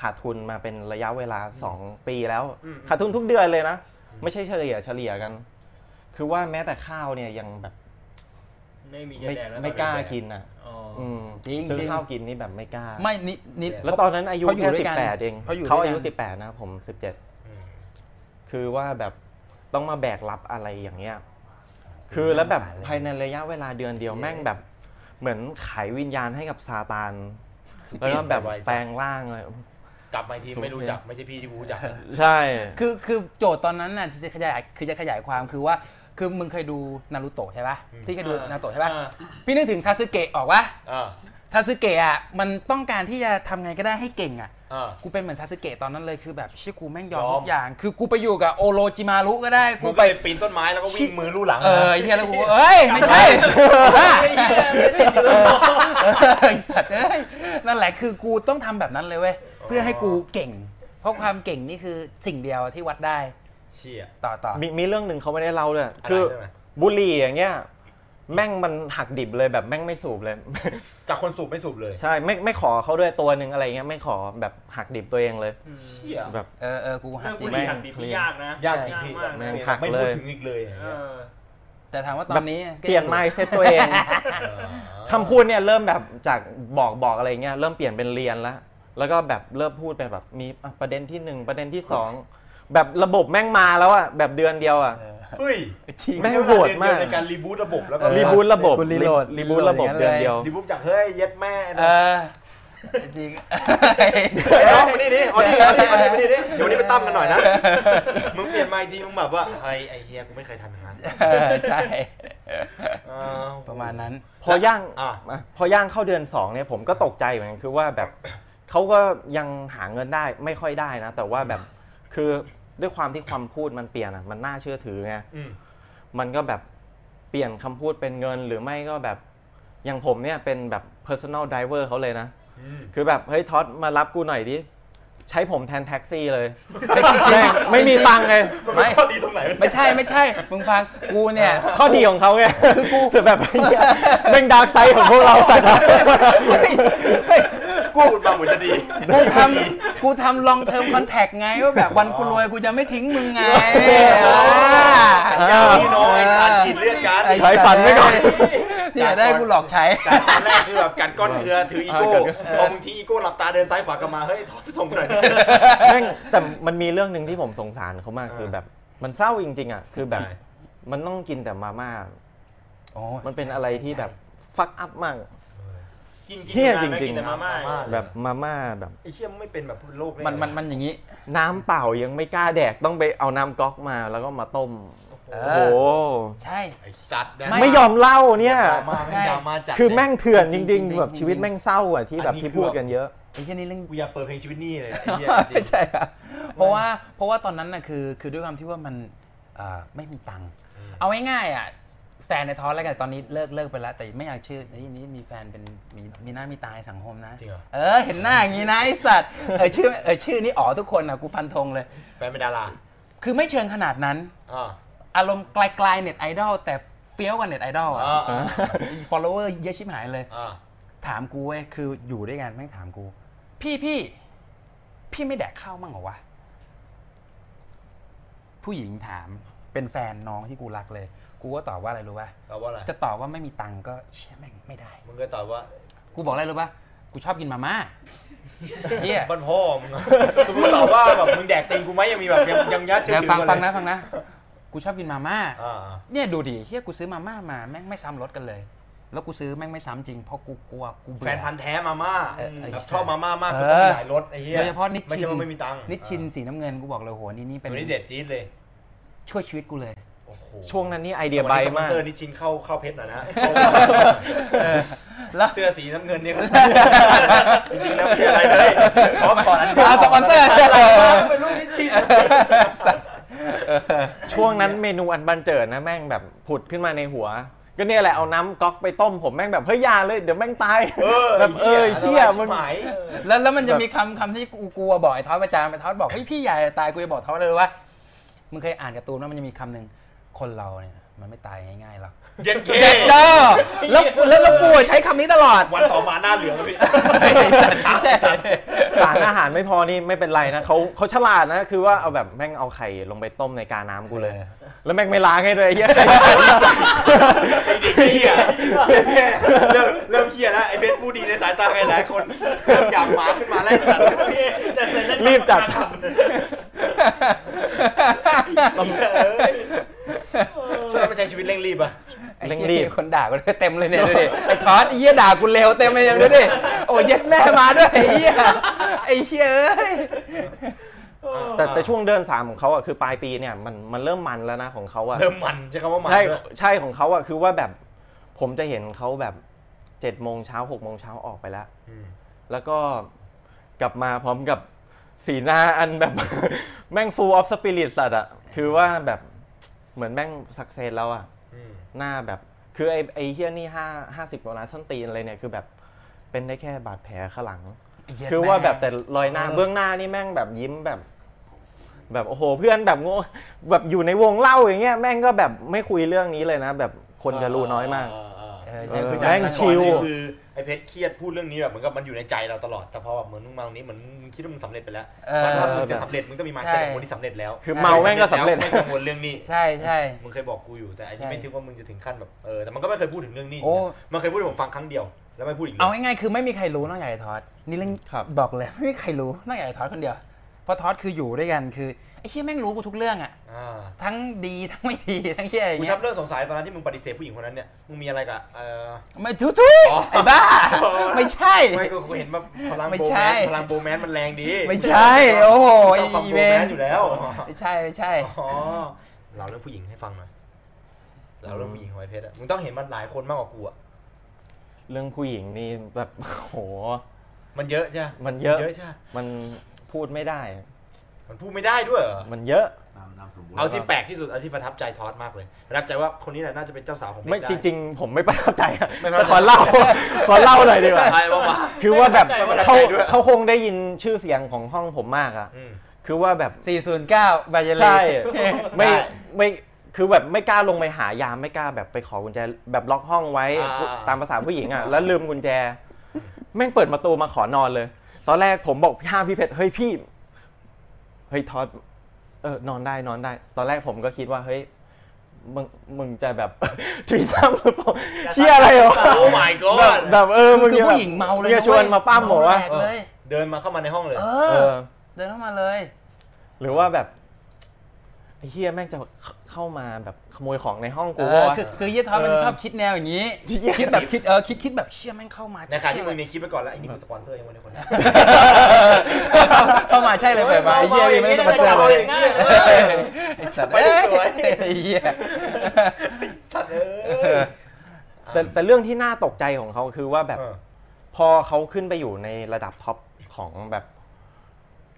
Speaker 9: ขาดทุนมาเป็นระยะเวลา 2 ปีแล้ว
Speaker 1: อืม
Speaker 9: ขาดทุนทุกเดือนเลยนะ ไม่ใช่เฉลี่ยเฉลี่ยกัน คือว่าแม้แต่ข้าวเนี่ยยังแบบ
Speaker 2: ไม่มีจะ
Speaker 9: ไม่
Speaker 2: แดกแล้ว
Speaker 9: ไม่กล้ากินอ่ะ
Speaker 2: อ๋ออ
Speaker 9: อืม
Speaker 4: จริง
Speaker 9: ซื้อ
Speaker 4: จริง
Speaker 9: ข้าวกินนี่แบบไม่กล้า
Speaker 4: ไม่นินิด
Speaker 9: แล้วตอนนั้นอายุ
Speaker 4: เขาอยู่
Speaker 9: แค่
Speaker 4: ด้วย
Speaker 9: สิบ
Speaker 4: กัน
Speaker 9: แปดเอง
Speaker 4: เขาอยู่
Speaker 9: เขา
Speaker 4: ด้วยกัน
Speaker 9: อายุสิบแปดนะผมสิบเจ็ดคือว่าแบบต้องมาแบกรับอะไรอย่างเงี้ย คือแล้วแบบภายในระยะเวลาเดือนเดียวแม่งแบบเหมือนขายวิญญาณให้กับซาตานแล้วก็แบบแปลงร่างเลย
Speaker 1: กลับมาอีกทีไม่รู้จักไม่ใช่พี่ที่กูรู้จัก
Speaker 9: ใช่
Speaker 4: คือคือโจทย์ตอนนั้นน่ะที่จะขยายคือจะขยายความคือว่าคือมึงเคยดูนารูโตะใช่ปะที่เคยดู
Speaker 2: อ่า
Speaker 4: นารูโตะใช่ปะ
Speaker 2: อ่า
Speaker 4: พี่นึกถึงซาสึเกะออกปะ
Speaker 1: อ่า
Speaker 4: ซาสึเกะอ่ะมันต้องการที่จะทำไงก็ได้ให้เก่งอ่ะ
Speaker 1: อ่า
Speaker 4: กูเป็นเหมือนซาสึเกะตอนนั้นเลยคือแบบเชี่ยกูแม่งยอม
Speaker 1: ยอม
Speaker 4: ทุกอย่าง คือกูไปอยู่กับโอโรจิมารุก็ได้
Speaker 1: กู
Speaker 4: กู
Speaker 1: ไป
Speaker 4: ไป
Speaker 1: ปีนต้นไม้แล้วก็วิ่
Speaker 4: ชิ
Speaker 1: งมือลู่หลัง
Speaker 4: เออเฮียแล้วกูเอ้ยไม่ใช่บ้าเออไอสัตว์เอ้ยนั่นแหละคือกูต้องทำแบบนั้นเลยเว้ยเพื่อให้กูเก่ง เพราะความเก่งนี่คือสิ่งเดียวที่วัดได้
Speaker 1: เชี่ย
Speaker 4: ต่อต่อ
Speaker 9: มีมีเรื่องหนึ่งเขาไม่ได้เล่าเลย
Speaker 1: อะไร
Speaker 9: คือ
Speaker 1: เรื่องอะไร
Speaker 9: บุหรี่อย่างเงี้ยแม่งมันหักดิบเลยแบบแม่งไม่สูบเลย
Speaker 1: จากคนสูบไม่สูบเลย
Speaker 9: ใช่ไม่ไม่ขอเขาด้วยตัวหนึ่งอะไรเงี้ยไม่ขอแบบหักดิบตัวเองเลย
Speaker 1: เชี่ย
Speaker 9: แบบ
Speaker 4: เออเออกูหั
Speaker 2: เรื่อง
Speaker 4: กจ
Speaker 2: กู
Speaker 4: ริง
Speaker 9: แม่ง
Speaker 2: หักดิบนี่ยากนะ
Speaker 1: ยากจริงพี่
Speaker 2: มากนะ
Speaker 9: แม่งหัก
Speaker 1: ไม่
Speaker 9: เล
Speaker 1: พูด
Speaker 9: ย
Speaker 1: ถึงอีกเลยอย่าง
Speaker 2: เอ
Speaker 1: เงี้ย
Speaker 2: อ
Speaker 4: แต่ถามว่าตอนนี้ก็
Speaker 9: เปลี่ยน
Speaker 4: งอ
Speaker 9: ไมเซ็ตตัวเอง
Speaker 1: เออ
Speaker 9: คำพูดเนี่ยเริ่มแบบจากบอกบอกอะไรเงี้ยเริ่มเปลี่ยนเป็นเรียนละแล้วก็แบบเริ่มพูดเป็นแบบมีอ่ะประเด็นที่หนึ่งประเด็นที่สองแบบระบบแม่งมาแล้วอะแบบเดือนเดียวอะ
Speaker 1: เฮ้ย
Speaker 9: แม่งโหดมาก
Speaker 1: ในการรีบูตระบบแล้วก็
Speaker 4: เออ
Speaker 9: รีบูตระบบ
Speaker 4: คุณรีโหลด
Speaker 9: รีบูตระบบ
Speaker 4: รีโหลดอย่างนั้น
Speaker 9: เดือนเดียว
Speaker 1: รีบูตจากเฮ้ยเย็ดแม่
Speaker 4: เอ
Speaker 1: นะ
Speaker 4: อจริง
Speaker 1: เดี๋ยวเอานี่นี่เอานี่เอานี่เอานี่เอานี่ดิเดี๋ยววันนี้ไปตั้มกันหน่อยนะ มึงเปลี่ยนมาอีกทีมึงแบบว่าไอ้ไอ้เฮียกูไม่เคยทันงาน
Speaker 4: เออใช่
Speaker 1: เออ
Speaker 4: ประมาณนั้น
Speaker 9: พอย่าง
Speaker 1: อ่ะ
Speaker 9: อ่ะพอย่างเข้าเดือนสองเนี่ยผมก็ตกใจเหมือนกันคือว่าแบบเขาก็ยังหาเงินได้ไม่ค่อยได้นะ แต่ว่าแบบคือด้วยความที่ความพูดมันเปลี่ยนอะมันน่าเชื่อถือไง
Speaker 1: อืม
Speaker 9: มันก็แบบเปลี่ยนคำพูดเป็นเงินหรือไม่ก็แบบอย่างผมเนี่ยเป็นแบบ personal driver เขาเลยนะ
Speaker 1: อืม
Speaker 9: คือแบบเฮ้ยท็อตมารับกูหน่อยดิ ใช้ผมแทนแท็กซี่เลย แม่งไม่มีตังค์เลย
Speaker 4: ไม่
Speaker 1: ข้อดีตรงไหนวะ
Speaker 4: ไม่ใช่ไม่ใช่มึงฟังกูเนี่ย
Speaker 9: ข้อดีของเขาไง
Speaker 4: คือกู
Speaker 9: แต่แบบไอ้เหี้ย แม่งดาร์กไซด์ของพวกเรา สัตว์อะ
Speaker 4: เฮ้ยเฮ้ยกู
Speaker 1: พูดมาเหมือนจะดี
Speaker 4: กูทำกูทำลองเทอมคอนแทคไงว่าแบบวันกูรวยกูจะไม่ทิ้งมึงไง
Speaker 1: อ๋อ
Speaker 4: อ่า
Speaker 1: อย่าพี่น้องไอ้สารกินเลือดกัน
Speaker 4: ไอ้
Speaker 9: ใช้ฝันไว้ก่อน
Speaker 4: เนี่ยได้กูหลอกใช้
Speaker 1: จากตอนแรกคือแบบกัดก้อนเกลือ ถืออีโก้
Speaker 9: เออกัด
Speaker 1: พอมึงทิ้งอีโก้หลับตาเดินซ้ายขวากลับมา เฮ้ยถอดไปส่งกูหน่อยดิ
Speaker 9: แม่งแต่มันมีเรื่องหนึ่งที่ผมสงสารเขามากคือแบบมันเศร้าจริงๆอ่ะคือแบบ
Speaker 1: ใช่
Speaker 9: มันต้องกินแต่มาม่ามันเป็นอะไรที่แบบฟักอัพมาก
Speaker 2: กินกิน
Speaker 9: เหี้ย
Speaker 2: นานไหม
Speaker 9: จริ
Speaker 2: กิ
Speaker 9: งๆ
Speaker 2: นแต่มาม่า
Speaker 1: มาม่า
Speaker 9: แบบมาม่าแบบ
Speaker 1: ไอ้เชี่ยมึงไม่เป็นแบบโลกได้ไง
Speaker 4: มันมันมันอย่างนี้
Speaker 9: น้ำเปล่ายังไม่กล้าแดกต้องไปเอาน้ำก๊อกมาแล้วก็มาต้ม
Speaker 4: เอ
Speaker 9: โอ้โห
Speaker 4: อ ใช่
Speaker 1: ไอ้สัตว์นะ
Speaker 9: ไม่ยอมเล่าเนี่ย
Speaker 1: ดราม่าแม่งดราม่าจัด
Speaker 9: คือแม่งเถื่อน
Speaker 4: จ
Speaker 9: จ
Speaker 4: ริ
Speaker 9: ริ
Speaker 4: ง
Speaker 9: ง
Speaker 4: ๆ
Speaker 9: ๆ แบบ
Speaker 4: จริงๆ
Speaker 9: ชีวิตแม่งเศร้าอ่ะที่แบบที่พูดกันเยอะ
Speaker 4: ไอ้แค่นี้เรื่อง
Speaker 1: กูอยากเปิดเพลงชีวิตนี่เลยไอ้เหี้ยจริ
Speaker 4: ไม่
Speaker 1: ง
Speaker 4: ใช่ครับเพราะว่าเพราะว่าตอนนั้นน่ะคือคือด้วยความที่ว่ามันเอ่อไม่มีตังค์เอาง่ายๆอ่ะแฟนในท้องแล้วกันตอนนี้เลิกเลิกไปแล้ว แต่ไม่อยากเชื่อนี่นี่มีแฟนเป็นมีมีหน้ามีตาในสังคมนะ
Speaker 1: จริงเหรอ
Speaker 4: เออเห็นหน้าอย่างนี้นะไอสัตว์เออชื่อเออชื่อนี่อ๋อทุกคนอ่ะกูฟันธงเลย
Speaker 1: แฟนเป็นดารา
Speaker 4: คือไม่เชิงขนาดนั้น
Speaker 1: อ่า
Speaker 4: อารมณ์ไกลๆเน็ตไอดอลแต่เฟี้ยวกว่าเน็ตไอดอลอ่ะ
Speaker 1: อ่าอ่า
Speaker 4: follower เยอะชิบหายเลย
Speaker 1: อ่า
Speaker 4: ถามกูเว้ยคืออยู่ด้วยกันแม่งถามกู พี่พี่พี่ไม่แดกข้าวมั่งเหรอวะ ผู้หญิงถามเป็นแฟนน้องที่กูรักเลย กูก็ตอบว่าอะไรรู้ป่ะ
Speaker 1: ตอบว่าอะไร
Speaker 4: จะตอบว่าไม่มีตังค์ก็เชี่ยแม่งไม่ได้
Speaker 1: มึงก็ตอบว่า
Speaker 4: กูบอกอะไรรู้ป่ะกูชอบกินมา ม่าเฮีย
Speaker 1: บ้านพ่อมึงอะมึงตอบว่าแบบมึงแดกตีนกูไหมยังมีแบบยังยังยัดเชื้อ
Speaker 4: เดี๋ยว
Speaker 1: ถือ
Speaker 4: ฟัง
Speaker 1: กั
Speaker 4: ฟัง
Speaker 1: เลย
Speaker 4: นะฟังนะกูชอบกินมาม่า
Speaker 1: อ่า
Speaker 4: เนี่ยดูดิเฮียกูซื้อมาม่ามาแม่งไม่ซ้ำรสกันเลย แล้วกูซื้อแม่งไม่ซ้ำจริงเพราะกูกลัวกูเบื่
Speaker 1: แฟ
Speaker 4: อ
Speaker 1: นพันธ์แท้มาม่า
Speaker 4: เออไอ้สั
Speaker 1: แบบ
Speaker 4: ตว์
Speaker 1: ชอบมาม่ามาก
Speaker 4: เอ
Speaker 1: ก็
Speaker 4: อ
Speaker 1: ต้องขายรถไอ้เหี้ย
Speaker 4: โดยเฉพาะนิช
Speaker 1: ไม่
Speaker 4: ชิ
Speaker 1: ใช่
Speaker 4: น
Speaker 1: ว่าไม่มีตังค์
Speaker 4: นิชชินสีน้ำเงินกูบอกเลยโหนี่นี่
Speaker 1: เป็
Speaker 4: เป็น น
Speaker 1: นี้เด็ดจี๊ดเลย
Speaker 4: ช่วยชีวิตกูเลย
Speaker 1: โอ้โห
Speaker 9: ช่วงนั้นนี่ไอเดียใบมาก
Speaker 1: เตอร์นี่ชินเข้าเข้าเพชรหน่อยนะ
Speaker 4: แล้ว
Speaker 1: เสื้อสีน้ำเงินเนี่ยก็ จริงๆแล้วไม่ใช่อะไรเลยเพราะก่อนอันนี้
Speaker 4: สปอนเซอร์
Speaker 2: เป็นรูปนิชชิน
Speaker 9: ช่วงนั้นเมนูอันบันเจิดนะแม่งแบบผุดขึ้นมาในหัว ก็เนี่ยแหละเอาน้ำก๊อกไปต้มผมแม่งแบบเฮ้ยอยาเลยเดี๋ยวแม่งตายแบบเออเชี่ยมัน
Speaker 1: หมาย
Speaker 4: แล้วแล้วมันจะมีคำคำที่กูกลัวบ่อยท้อประจานไปท้อบอกเฮ้ยพี่ใหญ่ตายกูจะบอกท้อเลยว่ามึงเคยอ่านการ์ตูนแล้วมันจะมีคำหนึ่งคนเราเนี่ยมันไม่ตายง่ายๆหรอก
Speaker 1: เย็นเค
Speaker 4: เด้อแล้วแล้วแล้วกูใช้คำนี้ตลอ ด
Speaker 10: วันต่อมาหน้าเหลืองแล้วพี่
Speaker 4: ใช่
Speaker 9: สารอาหารไม่พอนี่ไม่เป็นไรนะเขาเขาฉลาดนะคือว่าเอาแบบแม่งเอาไข่ลงไปต้มในกาน้ำกูเลย แล้วแม่งไม่ล้างให้ด้วยไอ้เหี้ยไข่
Speaker 10: ไอ้เหี้ยเริ่มเริ่มเหี้ยแล้วไอ้เพชรผู้ดีในสายตาใครหลายคนเริ่มอยากหมาขึ้นมาไล่สัตว์
Speaker 9: รีบจัด
Speaker 1: ช่วงนั้นไม่ใช้ชีวิตเร่งรีบอ่ะ
Speaker 4: ไอ้
Speaker 9: เร่งรี
Speaker 4: รี
Speaker 9: บ
Speaker 4: บคนด่ากูเต็มเลยเนี่ยดูดิไอ้ท้อไอ้เหี้ยด่ากูเร็วเต็มเลยเนี่ยดูดิโอ้ยเย็ดแม่มาด้วยไอ้เหี้ยไอ้เหี้ยเอ้ย
Speaker 9: แต่แต่ช่วงเดินสามของเขาอ่ะคือปลายปีเนี่ยมันมันเริ่มมันแล้วนะของเขาอ่ะ
Speaker 1: เริ่มมันใช้คำว่ามัน
Speaker 9: ใช่
Speaker 1: ด้วย
Speaker 9: ใช่ของเขาอ่ะคือว่าแบบผมจะเห็นเขาแบบเจ็ดโมงเช้าหกโมงเช้าออกไปแล้ว
Speaker 1: อืม
Speaker 9: แล้วก็กลับมาพร้อมกับสีหน้าอันแบบ แม่ง full of spirit สัตว์อะคือว่าแบบเหมือนแม่งสักเซสแล้วอะ
Speaker 1: อืม
Speaker 9: หน้าแบบ คือไอ้ไอ้เฮียนี่ห้าห้าสิบกว่าล้านส้นตีนอะไรเนี่ยคือแบบเป็นได้แค่บาดแผลข้างหลัง คือว่าแบบแต่รอยหน้า
Speaker 4: เออ
Speaker 9: เบื้องหน้านี่แม่งแบบยิ้มแบบ แบบโอ้โหเพื่อนแบบโง่แบบอยู่ในวงเล่าอย่างเงี้ยแม่งก็แบบไม่คุยเรื่องนี้เลยนะ แบบคนจะรู้น้อยมาก
Speaker 4: เอ
Speaker 1: เ
Speaker 4: อ
Speaker 9: เออ
Speaker 4: คือ
Speaker 1: ออ
Speaker 4: จะ
Speaker 9: แม่งชิล
Speaker 1: คือไอ้เพชรเครียดพูดเรื่องนี้แบบเหมือนกับมันอยู่ในใจเราตลอด แต่พอแบบเหมือนมึงมาตรงนี้เหมือนมึงคิดว่ามึงสำเร็จไปแล้ว
Speaker 4: เออ
Speaker 1: เพราะถ้ามึงจะสำเร็จมึงต้องมีมา
Speaker 4: ใช่
Speaker 1: เซ็ตคนที่สำเร็จแล้ว
Speaker 9: คือเมาแม่งก็สำเร็จ
Speaker 1: ไม่กังวลเรื่องนี้
Speaker 4: ใช่ใช่
Speaker 1: มึงเคยบอกกูอยู่แต่ไอ้
Speaker 4: ใช่
Speaker 1: นี่ไม่คิดว่ามึงจะถึงขั้นแบบเออแต่มันก็ไม่เคยพูดถึงเรื่องนี้
Speaker 4: โอ้
Speaker 1: มันเคยพูดให้ผมฟังครั้งเดียว แล้วไม่พูดอีกเลย
Speaker 4: เอาง่ายๆคือไม่มีใครรู้นอกจากไอ้ทอดนี่เรื่อง
Speaker 9: ครับ
Speaker 4: บอกเลยไม่มีใครรู้นอกจากไอ้ทอดคนเดียวเพราะทอดคืออยู่ด้วยกันคือไอ้เฮียแม่งรู้กูทุกเรื่องอะ
Speaker 1: อ่า
Speaker 4: ทั้งดีทั้งไม่ดีทั้งเฮียอย่าง
Speaker 1: กู
Speaker 4: เงี้
Speaker 1: ชั
Speaker 4: ย
Speaker 1: บเรื่องสงสัยตอนนั้นที่มึงปฏิเสธผู้หญิงคนนั้นเนี่ยมึงมีอะไรกับเออ
Speaker 4: ไม่ทุทุย
Speaker 1: อ๋อ
Speaker 4: ไอ้บ้า ไม่ใช่
Speaker 1: ไม่ก็กูเห็นว่าพลัง
Speaker 4: ไม่
Speaker 1: โบ
Speaker 4: ใช่
Speaker 1: แมนพลังโบแมนมันแรงดี
Speaker 4: ไม่ใช่โอ้โหไ
Speaker 1: ต้องฟัง
Speaker 4: อี
Speaker 1: โบ
Speaker 4: เว
Speaker 1: แม
Speaker 4: น
Speaker 1: นอยู่แล้ว
Speaker 4: ไม่ใช่ไม่ใช่
Speaker 1: อ๋อเราเรื่องผู้หญิงให้ฟังหน่อยเราเรื่องผู้หญิงของไอเพชรอะมึงต้องเห็นมันหลายคนมากกว่ากูอะ
Speaker 9: เรื่องผู้หญิงนี่แบบ โอ้โห
Speaker 1: มันเยอะใช่ปะ
Speaker 9: มันเยอะ
Speaker 1: เยอะใช่ปะ
Speaker 9: มันพูดไม่ได้
Speaker 1: มันพูดไม่ได้ด้วยเหรอ
Speaker 9: มันเยอะ
Speaker 5: น้ำน้ำสมบูรณ์
Speaker 1: เอาที่แปลกที่สุดเอาที่ประทับใจทอสมากเลยประทับใจว่าคนนี้แหละน่าจะเป็นเจ้าสาวของเบค
Speaker 9: ไม่
Speaker 1: ด้
Speaker 9: จริง ๆ ผมไม่ประทับใจอะ
Speaker 1: ไม่ประทับใจ
Speaker 9: แต่ขอเล่า ขอเล่าหน่อยดีกว่า
Speaker 1: ใครบ้างวะ
Speaker 9: คือว่าแบบ
Speaker 1: ไม่ประทับใจ
Speaker 9: เขา
Speaker 1: ด้วย
Speaker 9: เขาคงได้ยินชื่อเสียงของห้องผมมากอะ
Speaker 1: อืม
Speaker 9: คือว่าแบบ
Speaker 4: 409บาเยลี
Speaker 9: ใช่ไม่ไม่คือแบบไม่กล้าลงไปหายามไม่กล้าแบบไปขอกุญแจแบบล็อกห้องไว้
Speaker 1: อ่า
Speaker 9: ตามภาษาผู้หญิงอะแล้วลืมกุญแจ แม่งเปิดประตูมาขอนอนเลย ตอนแรกผมบอกห้ามพี่เพชรเฮ้ยพี่เฮ้ยทอดเออนอนได้นอนได้ ตอนแรกผมก็คิดว่าเฮ้ยมึงมึงจะแบบ ทวีซ้ำหรือเปล่าเชี่ยอะไรวะ
Speaker 1: โอ้ my
Speaker 9: แบ
Speaker 1: god
Speaker 9: บแบบเออ
Speaker 4: คือ
Speaker 9: มึง
Speaker 4: คือ
Speaker 9: จะแบบ
Speaker 4: ผู้หญิงเมาเลย
Speaker 9: งจะชวนมาปั้มหมอ
Speaker 4: เมา
Speaker 9: ว่า
Speaker 4: แรก เลย
Speaker 1: เดินมาเข้ามาในห้องเลย
Speaker 4: เอ
Speaker 9: เอ
Speaker 4: อ
Speaker 9: อ
Speaker 4: เดินเข้ามาเลย
Speaker 9: หรือว่าแบบไอ้เฮียแม่งจะเข้ามาแบบขโมยของในห้อง
Speaker 4: เอ
Speaker 9: กู
Speaker 4: อ
Speaker 9: วะ
Speaker 4: คือคือเฮียทอดมัน
Speaker 9: เออ
Speaker 4: ชอบคิดแนวอย่างนี้ คิดแบบคิดเออคิดคิดแบบเชี่ยแม่งเข้ามา
Speaker 1: ในขณะที่มึงมีคลิปไปก่อนแล้วไอ้นี่มึงสปอนเซอร์ยังไงในคนนี้
Speaker 4: เข้ามาใช่เลยแบบว่าไอ้เฮียนี่ไม่ต้องมาเจอเลย
Speaker 1: ง่ายเล
Speaker 4: เอย อไอ้สัตว์
Speaker 1: ไปได้สวย
Speaker 4: เอ้ไอ้เหี้ย
Speaker 1: สัตว์เอ้ย
Speaker 9: แต่แต่เรื่องที่น่าตกใจของเขาคือว่าแบบ
Speaker 1: เออ
Speaker 9: พอเขาขึ้นไปอยู่ในระดับท็อปของแบบ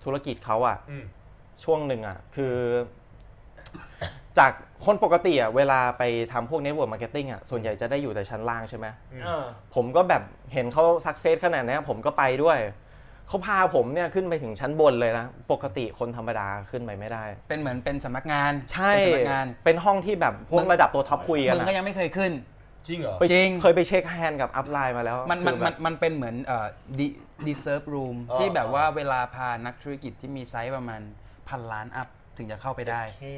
Speaker 9: ธุรกิจเขาอะ
Speaker 1: อืม
Speaker 9: ช่วงหนึ่งอะคือ จากคนปกติอะเวลาไปทำพวกเน็ตเวิร์กมาร์เก็ตติ้งอะส่วนใหญ่จะได้อยู่แต่ชั้นล่างใช่ไหม
Speaker 1: อืม
Speaker 2: เออ
Speaker 9: ผมก็แบบเห็นเขาสักเซสขนาดเนี้ยผมก็ไปด้วย เขาพาผมเนี่ยขึ้นไปถึงชั้นบนเลยนะ ปกติคนธรรมดาขึ้นไปไม่ได้
Speaker 4: เป็นเหมือนเป็นสำนักงาน
Speaker 9: ใช่
Speaker 4: เป็นสำนักงาน
Speaker 9: เป็นห้องที่แบบพว
Speaker 4: มึ
Speaker 9: ก
Speaker 4: ง
Speaker 9: ระดับตัวท็อปคุยกัน
Speaker 4: มึงก็
Speaker 9: อะ
Speaker 4: ยังไม่เคยขึ้น
Speaker 1: จริงเหรอ
Speaker 9: ไป
Speaker 4: จริง
Speaker 9: เคยไปเช็คแฮนด์กับอัพไลน์มาแล้ว
Speaker 4: มันมัน
Speaker 9: คือแบบ
Speaker 4: มันมันเป็นเหมือนเอ่อดีดีเซิร์ฟรูมที่แบบว่าเวลาพานักธุรกิจที่มีไซส์ประมาณพันล้านอัพถึงจะเข้าไปได้
Speaker 1: เท่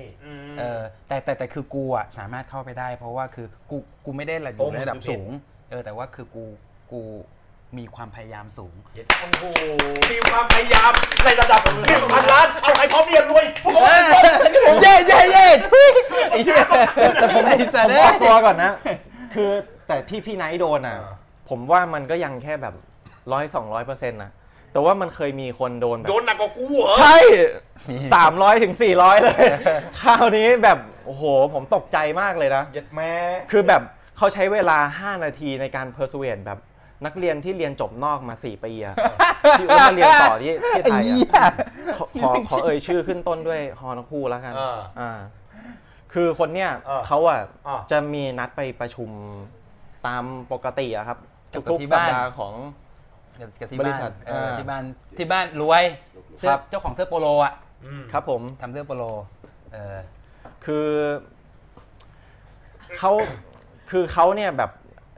Speaker 4: เออแต่แต่แต่คือกูอ่ะสามารถเข้าไปได้ เพราะว่าคือกูกูไม่ได้ระอยู่ในระดับสูงเออแต่ว่าคือกูกูมีความพยายามสูง
Speaker 1: เย็ดโอ้โหมีความพยายามในระดับเรียกพันล้านเอาใครพร้อมเรียนรวยพวกเขา
Speaker 4: เย่เย่เย่ทุยไอ้เหี้ยแต่ผมไอ้สัตว์
Speaker 9: ผม
Speaker 4: เอ้
Speaker 9: ว่าย ตัวก่อนนะ คือแต่ที่พี่ไนท์โดนอ่ะ
Speaker 1: อ่า
Speaker 9: ผมว่ามันก็ยังแค่แบบร้อยสองร้อยเปอร์เซ็นต์นะแต่ว่ามันเคยมีคนโดนแบบ
Speaker 1: โดนหนักกว่ากูเหรอ
Speaker 9: ใช่สามร้อยถึงสี่ร้อยเลย คราวนี้แบบ โอ้โห ผมตกใจมากเลยนะ
Speaker 1: เย็ดแม่
Speaker 9: คือแบบเขาใช้เวลา 5 นาทีในการเพอร์ a d e แบบ นักเรียนที่เรียนจบนอกมาสี่ปีอะ ที่ว่ามาเรียนต่อที่ที่ไทยอะขอขอขอเอ่ยชื่อขึ้นต้นด้วยฮอนคูแล้วกัน
Speaker 1: เออ
Speaker 9: อ่า คือคนเนี้ย
Speaker 1: เออ
Speaker 9: เขาอะ
Speaker 1: อ่ะ
Speaker 9: จะมีนัดไปประชุมตามปกติอะครับ
Speaker 4: กับ
Speaker 9: ทุก
Speaker 4: ที่
Speaker 9: ๆสัป
Speaker 4: บ้าน
Speaker 9: ดาห์ของ
Speaker 4: กับกับที่
Speaker 9: บริ
Speaker 4: บ้าน
Speaker 9: ษัท
Speaker 4: เออ
Speaker 9: อ่า
Speaker 4: ที่บ้านที่บ้านรวยเสื้อ
Speaker 9: ครับ
Speaker 4: เจ้าของเสื้อโปโลอ่ะ
Speaker 9: ครับผม
Speaker 4: ทำเสื้อโปโลเออ
Speaker 9: คือเขาคือเขาเนี่ยแบบ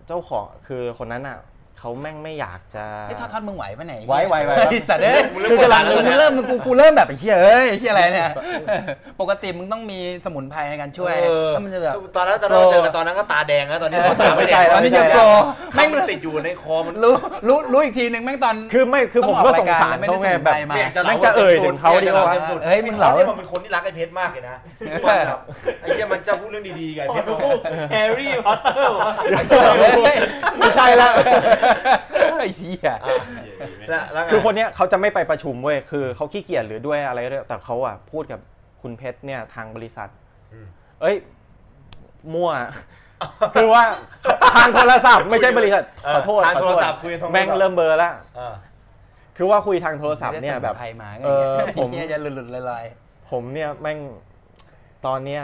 Speaker 9: เจ้าของคือคนนั้นอ่ะเขาแม่งไม่อยากจะ
Speaker 4: ที่ทอดทอดมึงไหวปะไหน
Speaker 9: ไหวไหวไหวครับ
Speaker 4: ไอ้สัตว์เอ้ย
Speaker 9: คือกำลัง
Speaker 4: กูเริ่มมึงกูกูเริ่มแบบไอ้เหี้ยเอ้ยไอ้เหี้ยอะไรเนี่ย ปกติมึงต้องมีสมุนไพรในการช่วยแล้วมันจะแบบ
Speaker 1: ตอนนั้นตอนนั้นเจอกันตอนนั้นก็ตาแดงแล้วตอนนี้ก็ตาไม่แดง
Speaker 4: ตอนนี้จะโปรแม่ง
Speaker 1: ติดอยู่ในคอมัน
Speaker 4: รู้รู้รู้อีกทีหนึ่งแม่งตอน
Speaker 9: คือไม่คือผมก็สงสารเขาไงแบบ
Speaker 4: มา
Speaker 9: แม่งจะเอ่ยถึงเขาดีกว่า
Speaker 4: เอ้ยมึงเหลา
Speaker 1: นี่มันเป็นคนที่รักไอ้เพชรมากเลยนะมันแบบไอ้เหี้ยมันจะพูดเรื่องดีๆกับไอ้เพชรมาก
Speaker 2: แฮร์รี่พอตเตอร์วะ
Speaker 9: ไม่ใช่แล้ว
Speaker 4: ไอ้เหี้ย
Speaker 1: แล้วแล้วไง
Speaker 9: คือคนเนี้ยเขาจะไม่ไปประชุมเว้ยคือเขาขี้เกียจหรือด้วยอะไรก็ด้วยแต่เขาอ่ะพูดกับคุณเพชรเนี่ยทางบริษัท เอ้ย มั่ว คือว่าทางโทรศัพท์ไม่ใช่บริษัทขอโทษ
Speaker 1: ทาง
Speaker 9: ขอ
Speaker 1: โท
Speaker 9: โท
Speaker 1: ร
Speaker 9: ษ
Speaker 1: ศัพท์คุยทางโทรศัพท์
Speaker 9: แม่งเริ่มเบลอร์ละ
Speaker 1: เออ
Speaker 9: คือว่าคุยทางโทรศัพท์เนี่ยแบบ
Speaker 4: ไพรมาไง
Speaker 9: เออผม
Speaker 4: ไเนี่ยจะหลุดหลุดๆลอย
Speaker 9: ผมเนี่ยแม่งตอนเนี้ย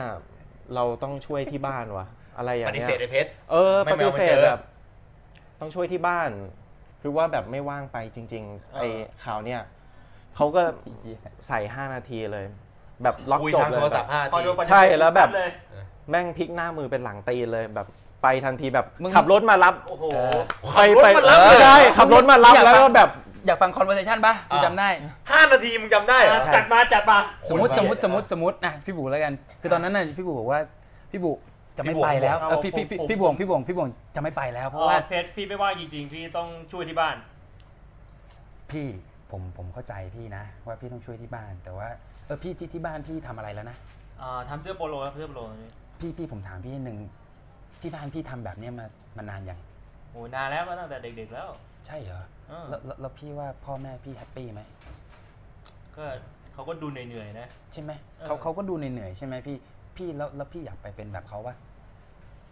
Speaker 9: เราต้องช่วยที่บ้านวะอะไรอย่าง
Speaker 1: ปฏิ
Speaker 9: เงี้
Speaker 1: เสธ
Speaker 9: ย
Speaker 1: ไอ้เพชร
Speaker 9: เออ
Speaker 1: ไม่
Speaker 9: ป
Speaker 1: ไม่
Speaker 9: ฏิ
Speaker 1: เอา
Speaker 9: เส
Speaker 1: มาเจ
Speaker 9: ธ
Speaker 1: อ
Speaker 9: แบบ ต้องช่วยที่บ้าน คือว่าแบบไม่ว่างไปจริง ๆ ไอ้ข่าวเนี่ยเขาก็ใส่ห้านาทีเลย แบบล็อก
Speaker 1: คุย
Speaker 9: จบ
Speaker 1: ทาง
Speaker 9: เลย
Speaker 1: โทรศัพท์
Speaker 9: แบบ
Speaker 1: ห้า
Speaker 2: พอโด
Speaker 1: ที
Speaker 2: นปฏิเสธ
Speaker 9: ใช่แล้วแบบ
Speaker 2: เย
Speaker 9: แม่งพลิกหน้ามือเป็นหลังตีนเลยแบบไปทันทีแบบ
Speaker 4: มึง
Speaker 9: ขับรถมารับ
Speaker 2: โอ้โห
Speaker 9: ไปไป
Speaker 1: ขับรถมารับ
Speaker 9: ไม่ได้ขับรถมารับ
Speaker 4: อยาก
Speaker 9: แล้วก็
Speaker 4: ไป
Speaker 9: แบบ
Speaker 4: ๆอยากฟังคอนเวอร์เซชันป่ะกูจำได้
Speaker 1: ห้านาทีมึงจำได้เหรอ
Speaker 2: จัดมาจัดมา
Speaker 4: สมมติ
Speaker 1: คน
Speaker 4: ส
Speaker 1: บ้าม
Speaker 4: มติสมมติสมมตินะพี่บุแล้วกัน คือตอนนั้นน่ะพี่บุบอกว่าพี่บุจะ
Speaker 1: พี่
Speaker 4: ไม่
Speaker 1: บุ๋
Speaker 4: ไปแล้ว
Speaker 2: บอก
Speaker 4: เออพี่
Speaker 2: ผม
Speaker 4: พี่พี่
Speaker 2: ผม
Speaker 4: พี่บ่วงพี่บ่วงพี่บ่วงจะไม่ไปแล้ว เพ
Speaker 2: เพ
Speaker 4: ราะ
Speaker 2: ราะว่า
Speaker 4: ว่า
Speaker 2: เพชรพี่ไม่ว่างจริงๆ พี่ต้องช่วยที่บ้าน
Speaker 4: พี่ผมผมเข้าใจพี่นะ ว่าพี่ต้องช่วยที่บ้าน แต่ว่าเออพี่ที่ที่บ้านพี่ทำอะไรแล้วนะ
Speaker 2: อ่าทำเสื้อโปโลครับเสื้อโปโลนี่
Speaker 4: พี่พี่ผมถามพี่นิดนึงที่บ้านพี่ทำแบบเนี้ยมามานานยัง
Speaker 2: โอ้นานแล้วตั้งแต่เด็กๆแล้ว
Speaker 4: ใช่เหรอ
Speaker 2: เออ
Speaker 4: แล้วแล้วแล้วพี่ว่าพ่อแม่พี่แฮปปี้ไหม
Speaker 2: ก็เขาก็ดูเหนื่อยๆนะ
Speaker 4: ใช่ไหม
Speaker 2: เออ
Speaker 4: เขาเขาก็ดูเหนื่อยๆใช่ไหมพี่พี่แล้วแล้วพี่อยากไปเป็นแบบเขาวะ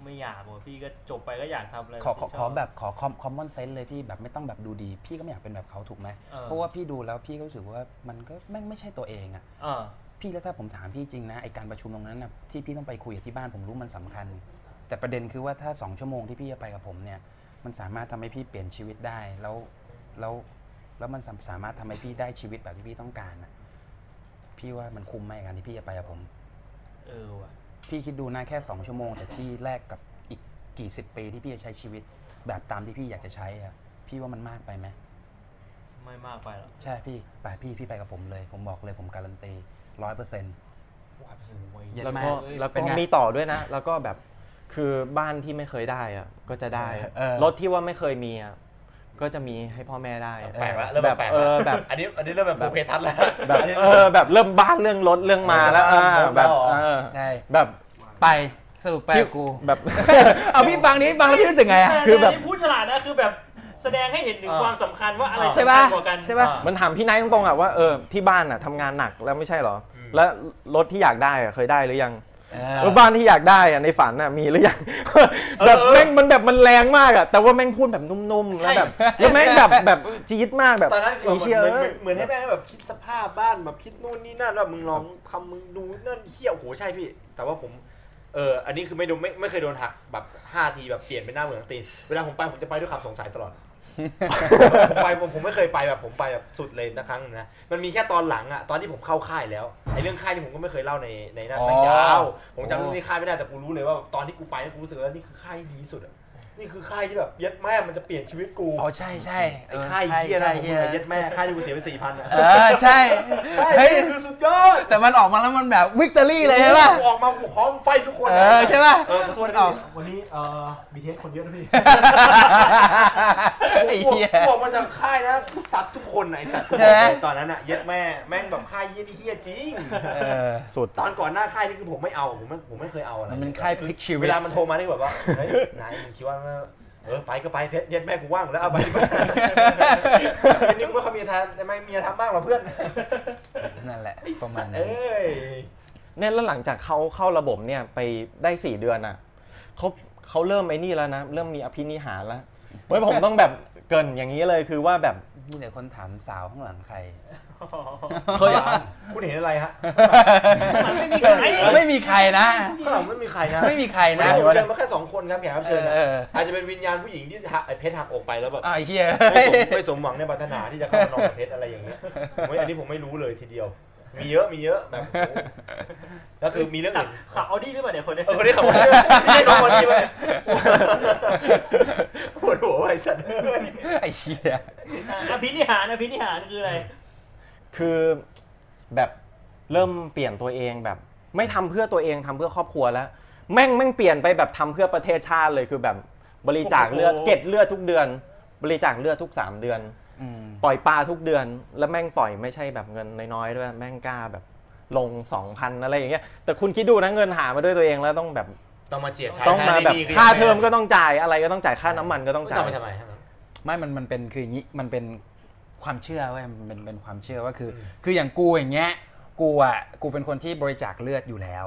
Speaker 2: ไม่อยากบอกพี่ก็จบไปก็อยากทำอะไร
Speaker 4: ขอขอ
Speaker 2: ที่ช
Speaker 4: ขอแบบขอคอมคอมมอนเซนส์เลยพี่แบบไม่ต้องแบบดูดี พี่ก็ไม่อยากเป็นแบบเขาถูกไหม
Speaker 2: เออ
Speaker 4: เพราะว่าพี่ดูแล้วพี่ก็รู้สึกว่ามันก็แม่งไม่ใช่ตัวเองอะ
Speaker 2: เออ
Speaker 4: พี่แล้วถ้าผมถามพี่จริงนะไอการประชุมตรงนั้นนะที่พี่ต้องไปคุยกับที่บ้านผมรู้มันสำคัญ แต่ประเด็นคือว่าถ้าสองชั่วโมงที่พี่จะไปกับผมเนี่ย มันสามารถทำให้พี่เปลี่ยนชีวิตได้แล้วแล้วแล้วมันสาสามารถทำให้พี่ได้ชีวิตแบบที่พี่ต้องการอะพี่ว่ามันคุ้มไหมกับการที่พี่จะไปกับผม
Speaker 2: เออว่ะ
Speaker 4: พี่คิดดูนะแค่ 2 ชั่วโมง แต่พี่แลกกับอีกกี่สิบปีที่พี่จะใช้ชีวิต แบบตามที่พี่อยากจะใช้อะพี่ว่ามันมากไปไหม
Speaker 2: ไม่มากไปหรอก
Speaker 4: ใช่พี่ไปพี่พี่ไปกับผมเลย ผมบอกเลยผมการันตีร้อยเปอร์เซ็นต์ เย็น
Speaker 9: แล้ว
Speaker 4: มาก
Speaker 9: ก็แล้ว
Speaker 4: เป็
Speaker 9: ก็
Speaker 4: นไง
Speaker 9: มีต่อด้วยนะ แล้วก็แบบคือบ้านที่ไม่เคยได้อะก็จะได้อะ
Speaker 4: เออ
Speaker 9: รถที่ว่าไม่เคยมีอะก็จะมีให้พ่อแม่ได้อะ
Speaker 1: แปลกละเริ่มแปลก
Speaker 9: เออแบ
Speaker 1: แบบ บอันนี้อันนี้เริ่มแบบบุพเพทัศน์แล้ว
Speaker 9: แบบ
Speaker 1: อันนี้
Speaker 9: เออแบบเริ่มบ้านเรื่องรถเรื่องมาแล้วอ่าแบบเออ
Speaker 4: ใช่
Speaker 9: แบบ
Speaker 4: ไปสรุปไปกับกู
Speaker 9: แบบ
Speaker 4: เอาพี่ฟังนี้ฟังแล้วพี่รู้สึกไงอะ
Speaker 9: คือแบบ
Speaker 2: ต่นี่พูดฉลาดนะคือแบบแสดงให้เห็นถึงความสำคัญว่าอะไร
Speaker 4: ใช่
Speaker 2: สำ
Speaker 4: ป่ะ
Speaker 2: คัญกว่ากัน
Speaker 4: ใช่ป่ะ
Speaker 9: มันถามพี่นายตรงๆอะว่าเออที่บ้านอะทำงานหนักแล้วไม่ใช่เหรอ แล้วรถที่อยากได้อะเคยได้หรือยัง แล้วบ้านที่อยากได้อะในฝันอะมีหรือยัง แบบแม่งมันแบบมันแรงมากอะแต่ว่าแม่งพูดแบบนุ่มๆแล้วแบบแล้วแม่งแบบแบบจี๊ดมากแบบ
Speaker 1: ตอนนั้นเหมือน
Speaker 9: ไหี้ย
Speaker 1: เหมือนเหมือย นเห
Speaker 9: อ้
Speaker 1: มือนให้แม่งแบบคิดสภาพบ้านแบบคิดนู่นนี่นั่นแล้วมึงลองทำมึงดูนั่นเขี้ยวโหใช่พี่ แต่ว่าผมเอออันนี้คือไม่โดนไม่ไม่เคยโดนหักแบบ5ทีแบบเปลี่ยนเป็นหน้าเหมือนตีนเวลาผมไปผมจะไปด้วยความสงสัยตลอด ผมไปผมผมไม่เคยไปแบบผมไปแบบสุดเลยนะครั้งหนึ่งนะมันมีแค่ตอนหลังอะตอนที่ผมเข้าค่ายแล้วไอ้เรื่องค่ายนี่ผมก็ไม่เคยเล่าในในหนั้น
Speaker 4: อ๋อ
Speaker 1: มันยาวผมจำเรื่องนี้ค่ายไม่ได้แต่กูรู้เลยว่าตอนที่กูไปเนี่ยกูรู้สึกว่านี่คือค่ายที่ดีที่สุดอะนี่คือค่ายที่แบบเย็ดแม่มันจะเปลี่ยนชีวิตกู
Speaker 4: อ๋อใช่ใช่
Speaker 1: ไอ้ค่าย
Speaker 4: ใช่
Speaker 1: เฮียนะ
Speaker 4: ใช่
Speaker 1: ผม
Speaker 4: เฮีย
Speaker 1: เย็ดแม่ค่ายที่กูเสียไปสี่พันอ่ะ
Speaker 4: เออใช่
Speaker 1: เฮ้
Speaker 4: เฮ้
Speaker 1: ย
Speaker 4: ย
Speaker 1: คือสุดยอด
Speaker 4: แต่มันออกมาแล้วมันแบบวิกตอรี่เลยใช่ป่ะ
Speaker 1: ออกมากูพร้อมไฟทุกคน
Speaker 4: เออใช่ป่ะ
Speaker 1: เออขอโทษนะพี่วันนี้เออบีเทสคนเยอะนะพี่
Speaker 4: ไอ้
Speaker 1: พวก
Speaker 4: เหี้ย
Speaker 1: พวกมาจากค่ายนะกูสัตว์ทุกคนน่ะไอ้สัตว์ทุกค
Speaker 4: ใช่
Speaker 1: น
Speaker 4: ไหม
Speaker 1: ตอนนั้นอ่ะเย็ดแม่แม่งแบบค่ายเฮียนี่เฮียจริง
Speaker 4: เออ
Speaker 9: สุด
Speaker 1: ตอนก่อนหน้าค่ายนี่คือผมไม่เอาผมไม่ผมไม่เคยเอาอะไร
Speaker 4: มันเป็นค่ายพลิกชีวิ
Speaker 1: เว
Speaker 4: ต
Speaker 1: ลามันโทรมานี่ แบบว่าเฮ้ยนายมึงคิดว่าเออไปก็ไปเพชรเย็ดแม่กูว่างอยู่แล้วเอา ไปไปชีวิตนี้กูไม่ค่อยมีทางไม่มีทางบ้างหรอเพื่อน
Speaker 4: นั่นแหละประมาณนั้น
Speaker 1: เอ้ย
Speaker 9: เนี่ยแล้วหลังจากเขาเข้าระบบเนี่ยไปได้สี่เดือนอ่ะเขาเขาเริ่มไอ้นี่แล้วนะ เริ่มมีอภินิหารแล้วเว้ยผมต้องแบบ กรินอย่างนี้เลยคือว่าแบบ
Speaker 4: มีแต่คนถามสาวข้างหลังใคร
Speaker 9: เคย
Speaker 1: คุณเห็นอะไรฮะ
Speaker 2: ไม่มีใคร
Speaker 4: ไม่มีใครนะ
Speaker 1: ข้างหลังไม่มีใครนะ
Speaker 4: ไม่มีใคร
Speaker 1: ไม่
Speaker 4: นะ
Speaker 1: ได้ผมเชิญมาแค่สองคนครับแขกรับเชิญนะ
Speaker 4: เออ
Speaker 1: อาจจะเป็นวิญญาณผู้หญิงที่หักไอ้เพชรหักอกไปแล้วแบบ
Speaker 4: อ่ะไอ้เหี้ย
Speaker 1: ไม่สมไม่สมหวังในปรารถนาที่จะเข้ามานอนกับเพชรอะไรอย่างเงี้ยผมว่าอันนี้ผมไม่รู้เลยทีเดียว มีเยอะมีเยอะแบบโอ้โหแล้วคือมีเรื่องอื่น
Speaker 2: ขับออดี้หรือเปล่าเนี่ยคนเนี้ย
Speaker 1: เออคนนี้ขับรถไม่ใช่น้องคนนี้ปะเนี่ยปวดหัวไอ้สัตว์เอ้ย
Speaker 4: ไอ้เหี้ย
Speaker 2: อภินิหารอภินิหารคืออะไร
Speaker 9: คือแบบเริ่มเปลี่ยนตัวเองแบบ ไม่ทำเพื่อตัวเองทำเพื่อครอบครัวแล้ว แม่งแม่งเปลี่ยนไปแบบทำเพื่อประเทศชาติเลยคือแบบบริจาคเลือด
Speaker 2: โอ้โห
Speaker 9: เก็บเลือดทุกเดือน บริจาคเลือดทุกสามเดือน
Speaker 4: อืม
Speaker 9: ปล่อยปลาทุกเดือน แล้วแม่งปล่อยไม่ใช่แบบเงินน้อยๆด้วยแม่งกล้าแบบลงสองพันอะไรอย่างเงี้ยแต่คุณคิดดูนะเงินหามาด้วยตัวเองแล้วต้องแบบ
Speaker 1: ต้องมาเจียดใช้
Speaker 9: ต้องมาแบบ
Speaker 1: หนี้นี่
Speaker 9: ค่าเทอมก็ต้องจ่ายอะไรก็ต้องจ่ายค่าน้ำมันก็ต้อง
Speaker 1: ไม่
Speaker 9: จ่า
Speaker 1: ต้อย งไปทำไมครับ
Speaker 4: ไม่มันมันเป็นคืออย่างนี้มันเป็นความเชื่อเว้ยมันเป็นเป็นความเชื่อว่าคือ คืออย่างกูอย่างเงี้ย กูอ่ะ กูเป็นคนที่บริจาคเลือดอยู่แล้ว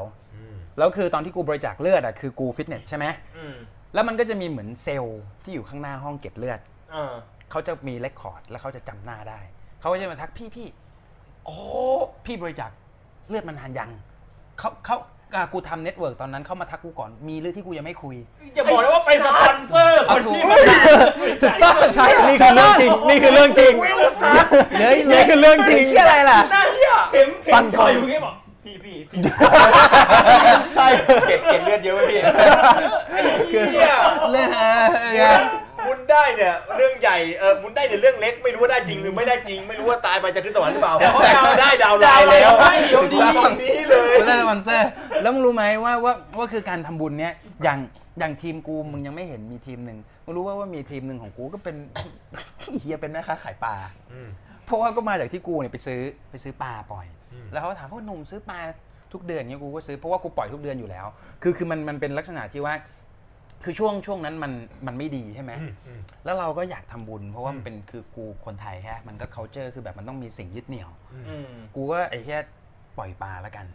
Speaker 4: แล้วคือตอนที่กูบริจาคเลือดอ่ะคือกูฟิตเนสใช่ไหม
Speaker 2: อืม
Speaker 4: แล้วมันก็จะมีเหมือนเซลล์ที่อยู่ข้างหน้าห้องเก็บเลือด
Speaker 2: เออ
Speaker 4: เขาจะมีเรคคอร์ดแล้วเขาจะจำหน้าได้ เขาก็จะมาทักพี่พี่โอ้พี่บริจาคเลือดมันนานยังเขาเขาอ่ากูทำเน็ตเวิร์กตอนนั้นเขามาทักกูก่อนมีเรื่องที่กูยังไม่คุย
Speaker 2: จะบอกเลยว่าไปสปอนเซอร์คนที่มาจ่าย
Speaker 9: ใช่ นี่คือเรื่องจริง นี่คือเรื่องจริง
Speaker 4: เลย
Speaker 9: นี่คือเรื่องจริง
Speaker 4: เชื่ออะไรล่ะ
Speaker 2: หน้าเหี้ยเข็มเข็มคอยอยู่อย่างเงี้ยบอกพี่พี่พี่
Speaker 1: ใช่เก็บเก็บเลือดเยอะไหมพี่เหี้ยบุญได้เนี่ยเรื่องใหญ่เออบุญได้เนี่ยเรื่องเล็กไม่รู้ว่าได้จริงหรือไม่ได้จริง ไม่รู้ว่าตายไปจะขึ้นสวรรค์หรือเปล่าเพราะดาวได้ดาวไล
Speaker 2: ดาว
Speaker 1: น์
Speaker 2: น์
Speaker 1: แล้ว
Speaker 2: ให้เดี๋ยวนี้
Speaker 1: ตรงนี้เลย
Speaker 4: กูได้สปอนเซอร์แล้วมึงรู้ไหมว่าว่าว่าคือการทำบุญเนี้ยอย่างอย่างทีมกูมึงยังไม่เห็นมีทีมหนึ่งมึงรู้ว่าว่ามีทีมหนึ่งของกูก็เป็น เฮียเป็นแม่ค้าขายปลาเพราะว่าก็มาจากที่กูเนี่ยไปซื้อไปซื้อปลาปล่อย แล้วเขาก็ถามว่าหนุ่มซื้อปลาทุกเดือนเงี้ยกูก็ซื้อเพราะว่ากูปล่อยทุกเดือนอยู่แล้ว คือคือมันมันเป็นลักษณะที่ว่า คือช่วงช่วงนั้นมันมันไม่ดีใช่ไหม แล้วเราก็อยากทำบุญ เพราะว่ามันเป็นคือกูคนไทยฮะมันก็ culture คือแบบมันต้องมีสิ่งยึดเหนี่ยว กูก็ไอ้แค่ปล่อยปลาแล้วกัน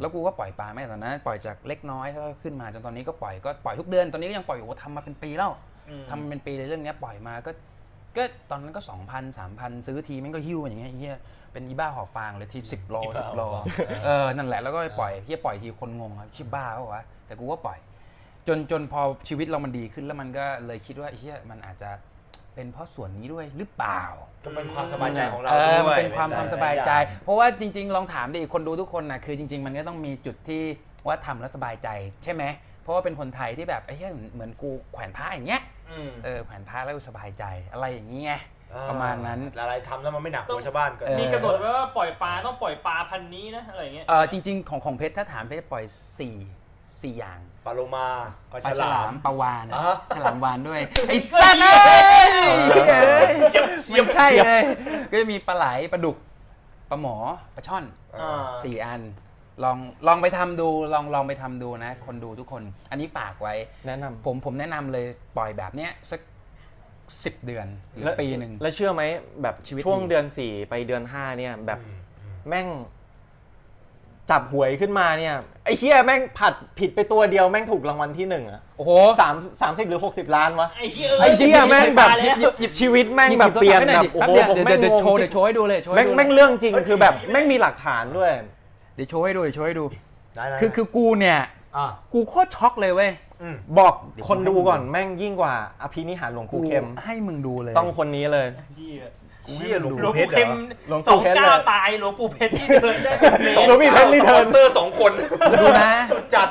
Speaker 4: แล้วกูก็ปล่อยปลาไม่ตอนนั้น ปล่อยจากเล็กน้อยก็ขึ้นมาจนตอนนี้ก็ปล่อยก็ปล่อยทุกเดือนตอนนี้ก็ยังปล่อยอยู่โอ้ทำมาเป็นปีแล้ว
Speaker 2: อืม
Speaker 4: ทำมาเป็นปีเลยเรื่องเนี้ยปล่อยมาก็ก็ตอนนั้นก็สองพันสามพันซื้อทีมันก็หิ้วมาอย่างเงี้ยไอ้เฮียเป็นอีบ้าหอบฟางเลยทีสิบโล
Speaker 1: อี
Speaker 4: สิ
Speaker 1: บ้าหอบ
Speaker 4: บ
Speaker 1: ฟาง
Speaker 4: โลเออนั่นแหละแล้วก็ไปปล่อยเฮียปล่อยทีคนงงครับชิบบ้าเปล่าวะแต่กูก็ปล่อย จนจนพอชีวิตเรามันดีขึ้นแล้วมันก็เลยคิดว่าไอ้เฮียมันอาจจะเป็นเพราะส่วนนี้ด้วยหรือเปล่า
Speaker 1: ก็เป็นความสบายใจของเรา
Speaker 4: เออ
Speaker 1: ด้
Speaker 4: มัน
Speaker 1: ย
Speaker 4: เป็นความความสบายใจ
Speaker 1: หล
Speaker 4: เพราะว่าจริง ๆ ลองถามดิคนดูทุกคนนะคือจริง ๆ มันก็ต้องมีจุดที่ว่าทำแล้วสบายใจใช่ไหม เพราะว่าเป็นคนไทยที่แบบไอ้เหี้ยเหมือนกูแขวนพระอย่างเงี้ย เออแขวนพระแล้วกูสบายใจอะไรอย่างเงี้ย
Speaker 1: ยอย่ง
Speaker 4: ประมาณนั้น
Speaker 1: อะไรทำแล้วมันไม่หนักหัวชาวบ้านเกิน
Speaker 4: เออ
Speaker 2: มีกำหนดไว้ว่าปล่อยปลาต้องปล่อยปลาพันนี้นะอะไรอย่างเงี้ย
Speaker 4: เออจริง ๆ ของของเพชรถ้าถามเพชรปล่อยสี่สี่อย่าง
Speaker 1: ปลาโลมาปลา
Speaker 4: ปลา
Speaker 1: ฉ
Speaker 4: ฉ
Speaker 1: ลา
Speaker 4: ลาม มปลาวาน
Speaker 1: อ่ะ
Speaker 4: ฉลามวานด้วย ไอ้สัตว์เอ้ยเอ้ยไม่ใช่เลยก็จะมีปลาไหลปลาดุกปลาหมอปลาช่อน สี่อันลองลองไปทำดูลองลองไปทำดูนะ คนดูทุกคน อันนี้ฝากไว้
Speaker 9: แนะนำ
Speaker 4: ผมผมแนะนำเลยปล่อยแบบเนี้ยสักสิบเดือนหรือ
Speaker 9: แล้ว
Speaker 4: ปีหนึ่ง
Speaker 9: แล้วเชื่อไหมแบบ
Speaker 4: ชีวิต
Speaker 9: ช่วง
Speaker 4: ดี
Speaker 9: เดือน 4 ไปเดือน 5 เนี่ย แบบแม่ง จับหวยขึ้นมาเนี่ย ไอ้เฮียแม่งผัดผิดไปตัวเดียวแม่งถูกรางวัลที่หนึ่งอะ
Speaker 4: โอ้โห
Speaker 9: สามสามสิบหรือหกสิบล้านวะ
Speaker 2: ไอ้เชี่ย
Speaker 9: ไอ้เฮีย
Speaker 2: จะมี
Speaker 9: แม่งแบบ
Speaker 2: ปลาล้ว
Speaker 9: หยิบชีวิตแม่งแบบ
Speaker 4: หบโทร
Speaker 9: เปลี่ย
Speaker 4: ศั
Speaker 9: น
Speaker 4: พท์ให้ห
Speaker 9: แบบ
Speaker 4: ดิ
Speaker 9: โอ้
Speaker 4: แป๊บเดียว
Speaker 9: โหผม
Speaker 4: เดี๋ยว
Speaker 9: แม่ง
Speaker 4: เดี๋ยว
Speaker 9: ง
Speaker 4: โช
Speaker 9: ง
Speaker 4: ว์เดี๋ยวโชว์ให้ดูเลยโชว์
Speaker 9: แม่
Speaker 4: ให้
Speaker 9: ง
Speaker 4: ดู
Speaker 9: แม่ง
Speaker 4: เลย
Speaker 9: เรื่องจริงคือแบบแม่งมีหลักฐานด้วย
Speaker 4: เดี๋ยวโชว์ให้ดูเดี๋ยวโชว์ให้ดู
Speaker 1: ได้ๆ
Speaker 4: คือคือกูเนี่ย
Speaker 1: อ่ะ
Speaker 4: กูโคตรช็อกเลยเว้ย
Speaker 9: บอกคนดูก่อนแม่งยิ่งกว่าอภินิหารหลวง
Speaker 4: กู
Speaker 9: ปู่เข้ม
Speaker 4: ให้มึงดูเลย
Speaker 9: ต้องคนนี้เลย
Speaker 2: เหี้ย
Speaker 1: เชี่ยหลวง
Speaker 2: หลว
Speaker 1: ปู่
Speaker 2: ง
Speaker 1: เพชร
Speaker 2: ปู่เข็ม
Speaker 1: เหรอ
Speaker 9: หลวง
Speaker 2: ส
Speaker 9: ปู่
Speaker 2: อง
Speaker 9: เพชร
Speaker 2: เก้า
Speaker 9: เหรอ
Speaker 2: ตายหลวงปู่เพชรที่เดินได้เป็นเมต
Speaker 9: หลวงพี่เพชรรีเทิร์
Speaker 1: ส
Speaker 9: น
Speaker 1: ปอนเซอร์สองคน
Speaker 4: ดูนะ
Speaker 1: สุดจัด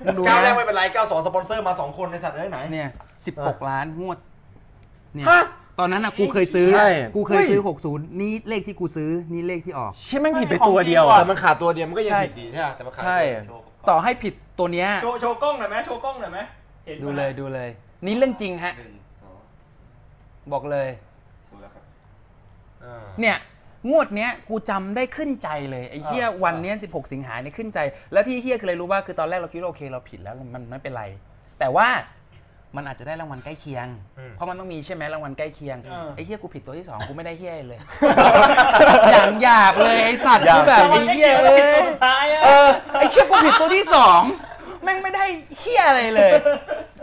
Speaker 4: มึงดู
Speaker 1: ก้าวแรก
Speaker 4: นะ
Speaker 1: ไม่เป็นไรก้าวสองสปอนเซอร์มาสองคนในสัตว์เอ้ยไหน
Speaker 4: เนี่ยสิบหกล้านงวดเนี่ย
Speaker 1: ฮะ
Speaker 4: ตอนนั้นอ่ะกูเคยซื้อ
Speaker 9: ใช่
Speaker 4: กูเคยซื้อหกศูนย์นี่เลขที่กูซื้อนี่เลขที่ออก
Speaker 9: เชี่ยแม่งผิดไปตัวเดียวอะ
Speaker 1: แต่มันขาดตัวเดียวมันก็ยังผิดดีใช่ไหมแต่มันขาด
Speaker 9: ใช่
Speaker 1: ตัวเดียวโชว์
Speaker 4: ต่อให้ผิดตัวเนี้ย
Speaker 2: โชว์โชว์กล้องหน่อยไหมโชว์กล้องหน่อยไหมห็นปะ
Speaker 4: ดูเลยดูเลย นี่เรื่องจริงฮะ
Speaker 5: หนึ่งสอง
Speaker 4: บอกเลย
Speaker 5: ศูนย์แล้วครับ
Speaker 4: เนี่ยงวดเนี้ยกูจำได้ขึ้นใจเลยไอ้เฮียวันเนี้ย16 สิงหาเนี่ยขึ้นใจ แล้วที่เฮียคืออะไรรู้ว่าคือตอนแรกเราคิดว่าโอเคเราผิดแล้วมันไม่เป็นไร แต่ว่ามันอาจจะได้รางวัลใกล้เคียง
Speaker 1: อืม
Speaker 4: เพราะมันต้องมีใช่ไหมรางวัลใกล้เคียง
Speaker 2: เออ
Speaker 4: ไอ้เฮียกูผิดตัวที่สองกูไม่ได้เฮียเลย อย่างหยาบเลยไอ้สัตว์
Speaker 9: หยาบ
Speaker 4: กูแบบไอ้เฮียเอ้
Speaker 2: ตัวย สุดท้ายอะ
Speaker 4: เออไอ้เชี่ยกูผิดตัวที่สองแม่งไม่ได้เฮียอะไรเลย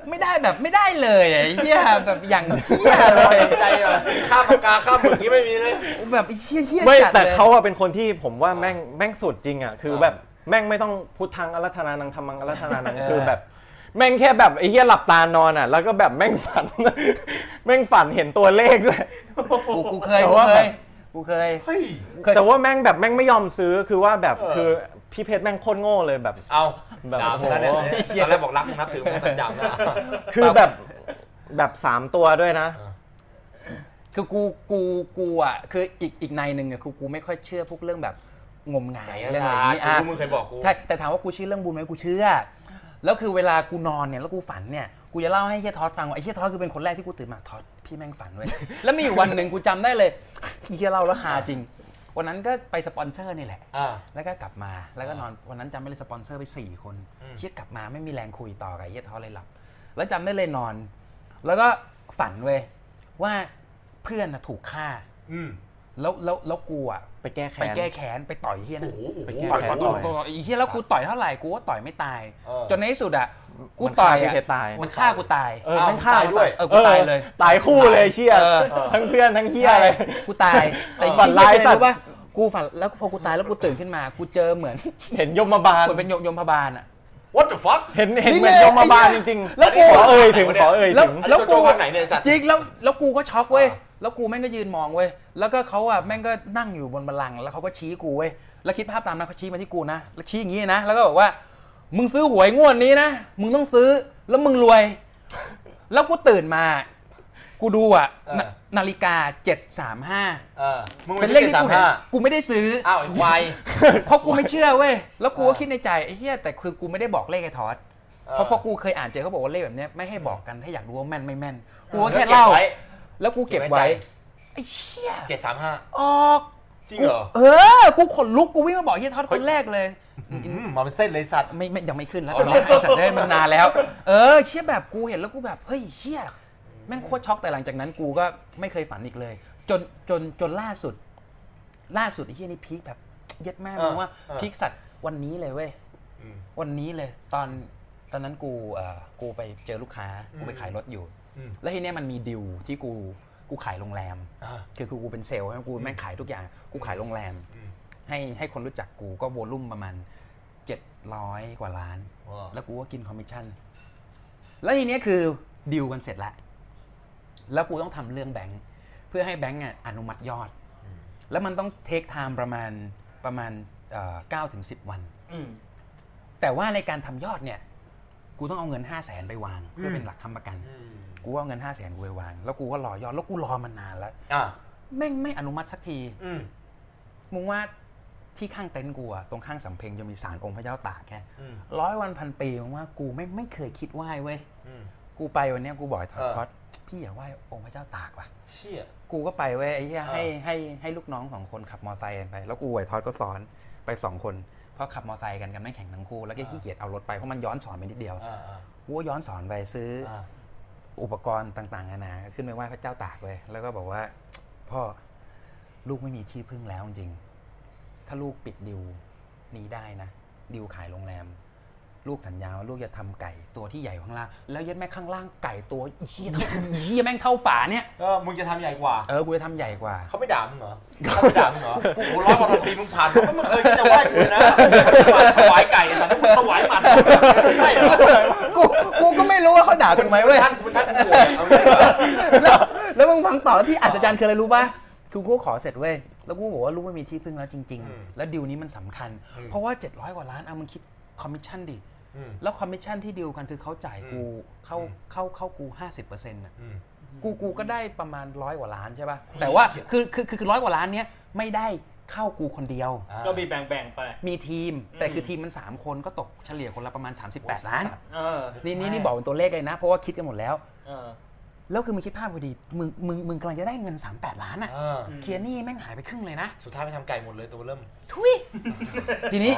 Speaker 4: ไม่ได้แบบไม่ได้เลยอะไอ้เหี้ยแบบอย่างเหี้ยเลย
Speaker 1: ใจเหรอข้ามปากกาข้ามหมึกนี่ไม่มีเลย
Speaker 4: แบบไอ้เหี้ยเหี้ย
Speaker 9: ไม่
Speaker 4: จัด
Speaker 9: แต่
Speaker 4: เลย
Speaker 9: เขาอะเป็นคนที่ผมว่าแม่งแม่งสุดจริงอะคือแบบแม่งไม่ต้องพุทธังอารัธนานังธรรมังอารัธนานังคือแบบ แม่งแค่แบบไอ้เหี้ยหลับตานอนอะแล้วก็แบบแม่งฝัน แม่งฝันเห็นตัวเลขด้วย
Speaker 4: กูกูเคย
Speaker 9: แต่
Speaker 4: กู
Speaker 9: ว่า
Speaker 4: เค
Speaker 9: แบบ
Speaker 4: ยกูเคย
Speaker 1: เฮ้ย
Speaker 4: เคย
Speaker 9: แต่ว่าแม่งแบบแม่งไม่ยอมซื้อคือว่าแบบคือพี่เพชรแม่งโคตรโง่เลยแบบ
Speaker 1: เอา
Speaker 9: แบบ
Speaker 1: ด่าผมแล้วเนี่ยตอนแรกบอกรักมึงนับถือมึงสัญญาณนะ
Speaker 9: คือแบบแบบสามตัวด้วยนะ
Speaker 4: คือกูกูกูอ่ะคืออีกอีกในหนึ่งอ่ะคือกูไม่ค่อยเชื่อพวกเรื่องแบบงมงายเรื่องอะไรอย่างนี้อ่ะ
Speaker 1: กูมึงเคยบอกกู
Speaker 4: ใช่แต่ถามว่ากูเชื่อเรื่องบุญไหมกูเชื่อ แล้วคือเวลากูนอนเนี่ยแล้วกูฝันเนี่ยกูจะเล่าให้เฮียทอดฟังว่าไอ้เฮียทอดคือเป็นคนแรกที่กูตื่นมาทอดพี่แม่งฝันเว้ย แล้วมีอยู่วันหนึ่งกูจำได้เลยเฮียเล่าแล้วฮาจริง วันนั้นก็ไปสปอนเซอร์นี่แหละ
Speaker 1: อ่า
Speaker 4: แล้วก็กลับมาแล้วก็นอนวันนั้นจำไม่เลยสปอนเซอร์ไป 4 คนเฮียกลับมาไม่มีแรงคุยต่อกับเฮียท้อเลยหลับ แล้วจำได้เลยนอน แล้วก็ฝันเว้ยว่าเพื่อนน่ะถูกฆ่า
Speaker 1: อืม
Speaker 4: แล้วแล้วแล้วกูอ่ะ
Speaker 9: ไปแก้แค้
Speaker 4: ไป
Speaker 9: น
Speaker 4: แก้แค้นไปต่อยเฮียนะ
Speaker 1: โอ้โห
Speaker 9: ไปแก้
Speaker 4: ต่อย
Speaker 9: แค้
Speaker 4: ก่อน
Speaker 9: น
Speaker 4: ต่
Speaker 9: ต่
Speaker 4: อ
Speaker 9: อย ย
Speaker 4: ต่อยไอ้เฮียแล้วกูต่อยเท่าไหร่กูก็ต่อยไม่ตาย
Speaker 1: เออ
Speaker 4: จนในที่สุดอ่ะกู
Speaker 9: มัน
Speaker 4: ต่อย
Speaker 9: ฆ่าพี่
Speaker 4: อ่ะ
Speaker 9: เพชรตาย
Speaker 4: มันฆ่ากูตาย
Speaker 9: เออ
Speaker 1: อ้าว
Speaker 9: แม่งฆ่า
Speaker 1: ตายด้วย
Speaker 4: เออกูตายเลย
Speaker 9: ตายคู่เลยเชี่ย
Speaker 4: เออ
Speaker 9: ทั้งเพื่อนทั้งเฮียเลย
Speaker 4: กูตายแต่
Speaker 9: ฝันร้าย
Speaker 4: เหี้
Speaker 9: สั
Speaker 4: เล
Speaker 9: ตว์
Speaker 4: รู้ป่ะกูฝันแล้วพอกูตายแล้วกูตื่นขึ้นมา กูเจอเหมือน
Speaker 9: เห็นยมบาล
Speaker 4: เหมือนเป็นโยมโยมพบาลอ่ะ
Speaker 1: What the fuck
Speaker 9: เห็นเห็น
Speaker 4: นี่
Speaker 9: เหมือน
Speaker 4: เลย
Speaker 9: ยมบาลจริง
Speaker 4: แล้วกู
Speaker 9: ขอเอ่ยถึงขอเอ่ย
Speaker 4: แล้ว
Speaker 9: ถึง
Speaker 4: แล้วกู
Speaker 1: อันนี้โจโจ้ภาคไหนเนี่ยไอ้สัตว์
Speaker 4: จริงแล้วแล้วกูก็ช็อกเว้ยแล้วกูแม่งก็ยืนมองเว้ยแล้วก็เขาอ่ะแม่งก็นั่งอยู่บนบัลลังก์แล้วเขาก็ชี้กูเว้ยแล้วคิดภาพตามนะเขาชี้มาที่กูนะแล้วชี้อย่างงี้นะแล้วก็บอกว่า มึงซื้อหวยงวดนี้นะมึงต้องซื้อแล้วมึงรวย แล้วกูตื่นมา กูดูอ่ะนานาฬิกา735
Speaker 1: เออมึง
Speaker 4: เป็
Speaker 1: ไม่
Speaker 4: นเล
Speaker 1: ใช่
Speaker 4: ข
Speaker 1: เจ็ด
Speaker 4: ที่
Speaker 1: สาม
Speaker 4: กูเห็น
Speaker 1: ห้า
Speaker 4: กูไม่ได้ซื้อ
Speaker 1: อ้าวไอ้ควาย
Speaker 4: เพราะกูไม่เชื่อเว้ย แล้วกูก็คิดในใจไอ้เหี้ยแต่คือกูไม่ได้บอกเลขไอ้ทอด เพราะพอกูเคยอ่านเจอเขาบอกว่าเลขแบบเนี้ยไม่ให้บอกกันถ้าอยากรู้ว่าแม่นไม่แม่น กูก็แค่เล่า แล้วกูเก็บไว้
Speaker 1: เก็บไว้ใจ
Speaker 4: ไอ้เหี้ย
Speaker 1: เจ็ดสามห้า
Speaker 4: ออก
Speaker 1: จริง
Speaker 4: กู
Speaker 1: เหรอ
Speaker 4: เออ กูขนลุกกูวิ่งมาบอกเฮียทอดคนแรกเลย
Speaker 11: อืมมาเป็นเส้นเลยสัตว์
Speaker 4: ไม่ไม่ยังไม่ขึ้นแล้วตอนนี้ไอ้สัตว์ได้มันนานแล้ว เออเชี่ยแบบกูเห็นแล้วกูแบบเฮ้ยเชี่ยแม่งโคตรช็อกแต่หลังจากนั้นกูก็ไม่เคยฝันอีกเลย จนจนจนล่าสุด ล่าสุดไอ้เชี่ยนี่พีคแบบเย็ดแม่มึงว่าพีคสัตว์วันนี้เลยเว้ยวันนี้เลย ตอนตอนนั้นกูเออกูไปเจอลูกค้ากูไปขายรถอยู่ แล้วทีเนี้ยมันมีดิวที่กูกูขายโรงแรม คือคือกูเป็นเซลล์ใช่ไหมกูแม่งขายทุกอย่าง กูขายโรงแรม ให้ให้คนรู้จักกูก็โวลุ่มประมาณ 700 กว่าล้าน แล้วกูก็กินคอมมิชชั่น แล้วทีเนี้ยคือดิวกันเสร็จแล้ว แล้วกูต้องทำเรื่องแบงค์เพื่อให้แบงค์อ่ะอนุมัติยอด แล้วมันต้องเทคไทม์ประมาณประมาณเก้าถึงสิบวัน แต่ว่าในการทำยอดเนี่ย กูต้องเอาเงิน 5 0 0แสนไปวาง เพื่อเป็นหลักค้ำประกัน กูเอาเงิน 5 0 0แสนกูไปวาง แล้วกูก็รอยอด แล้วกูรอมานานแล้ว
Speaker 1: อ่า
Speaker 4: แม่งไม่อนุมัติสักที
Speaker 1: อืม
Speaker 4: มึงว่าที่ข้างเต็นท์กูอะตรงข้างสำเพ็งจะมีศาลองค์พระเจ้าตากแค่
Speaker 1: อืม
Speaker 4: ร้อยวันพันปีมึงว่ากูไม่ไม่เคยคิดไหว้เว้ย
Speaker 1: อืม
Speaker 4: กูไปวันเนี้ยกูบอกไอ้ท็อต
Speaker 1: เออ
Speaker 4: ท็อตพี่อย่าไหว้องค์พระเจ้าตากว่ะ
Speaker 1: เชี่ย
Speaker 4: กูก็ไปเว้ยไอ้เหี้ย
Speaker 1: เออ
Speaker 4: ให้ให้ให้ลูกน้องสองคนขับมอไซค์กันไป แล้วกูไอ้ท็อตก็สอนไปสองคนเพราะขับมอไซค์กันกันไม่แข่งทั้งคู่แล้วก็ขี้เกียจเอารถไปเพราะมันย้อนสอนไปนิดเดียว
Speaker 1: อ่าอ่า
Speaker 4: กูก็ย้อนสอนไปซื้ออ
Speaker 1: อ่า
Speaker 4: อุปกรณ์ต่างๆนานาขึ้นไปไหว้พระเจ้าตากเว้ยแล้วก็บอกว่าพ่อลูกไม่มีที่พึ่งแล้วจริง ถ้าลูกปิดดิวนี้ได้นะ ดิวขายโรงแรม ลูกสัญญาว่าลูกจะทำไก่ตัวที่ใหญ่กว่าข้างล่าง แล้วยัดแม่ข้างล่างไก่ตัวเหี้ยเท่าเหี้ยแม่งเท่าฝาเนี่ย
Speaker 1: ก็มึงจะทำใหญ่กว่า
Speaker 4: เออกูจะทำใหญ่กว่า
Speaker 1: เขาไม่ด่ามึงเหรอเขาไม่ด่ามึงเหรอกูหัวร้อยกว่าพันปีมึงผ่านมาก็มึงเคยคิดจะไหว้กูเลยนะถวายไก่ไอ้สัตว์มึงถวายหมันไม่ใช่เหรอ
Speaker 4: กูกูก็ไม่รู้ว่าเขาด่ากูไหมเว้ย
Speaker 1: ท่านกูเป็นท่านกูป่วยเอางี้ดีกว่า
Speaker 4: แล้วแล้วมึงฟังต่อแล้วที่อัศจรรย์คืออะไรรู้ป่ะคือกูขอเสร็จเว้ยแล้วกูบอกว่ารู้ว่ามีที่พึ่งแล้วจริง ๆ แล้วดีลนี้มันสำคัญ เพราะว่า 700 กว่าล้านเอามึงคิดคอมมิชชั่นดิ
Speaker 1: อืม
Speaker 4: แล้วคอมมิชชั่นที่ดีลกันคือเขาจ่ายกูเข้าเข้าเข้ากู 50%น่ะ
Speaker 1: อืม
Speaker 4: กูกูก็ได้ประมาณร้อยกว่าล้านใช่ป่ะแต่ว่าคือคือคือร้อยกว่าล้านเนี้ยไม่ได้เข้ากูคนเดียว
Speaker 1: อ่า
Speaker 2: ก็มีแบ่งๆไป
Speaker 4: มีทีม แต่คืออ
Speaker 2: ม
Speaker 4: ทีมมันสามคนก็ตกเฉลี่ยคนละประมาณ 38 ล้าน
Speaker 2: เออ
Speaker 4: นี่นี่นี่บอกเป็นตัวเลขเลยนะ เพราะว่าคิดกันหมดแล้ว
Speaker 2: เออ
Speaker 4: แล้วคือมึงคิดภาพพอดี มึงมึงมึงกำลังจะได้เงิน 38 ล้านอ่ะ
Speaker 1: อ่า
Speaker 2: อืม
Speaker 4: เคียร์นี่แม่งหายไปครึ่งเลยนะ
Speaker 1: สุดท้ายไปทำไก่หมดเลยตัวเริ่ม
Speaker 4: ทุย ทีนี้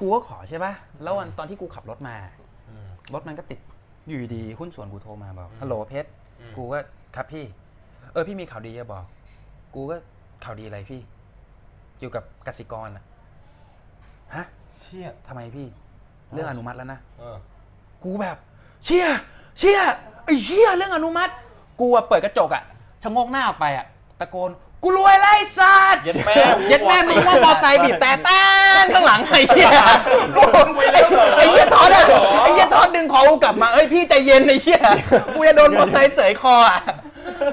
Speaker 4: กูก็ขอใช่ป่ะ แล้ววันตอนที่กูขับรถมา
Speaker 1: อืม
Speaker 4: รถมันก็ติดอยู่ดีๆหุ้นส่วนกูโทรมาบอกฮัลโหลเพชรกูก็ครับพี่ เออพี่มีข่าวดีจะบอก กูก็ข่าวดีอะไรพี่เกี่ยวกับกสิกรอ่ะฮะ
Speaker 1: เชี่ย
Speaker 4: ทำไมพี่ เรื่องอนุมัติแล้วนะ
Speaker 1: เออ
Speaker 4: กูแบบ เชี่ย เชี่ยไอ้เชี่ยเรื่องอนุมัติ กูอะเปิดกระจกอะชะโงกหน้าออกไปอะตะโกน กูรวยไล่สัตว์
Speaker 1: เย็ดแม่
Speaker 4: เย็ดแม่มึงว่ามอไซค์บีบแต่แต้นข้างหลังไอ้เหี้ยกูไอ้เหี้ยทอดอะไอ้เหี้ยทอดดึงคอกูกลับมาเอ้ยพี่ใจเย็นไอ้เหี้ยกูจะโดนมอไซค์เสยคออะ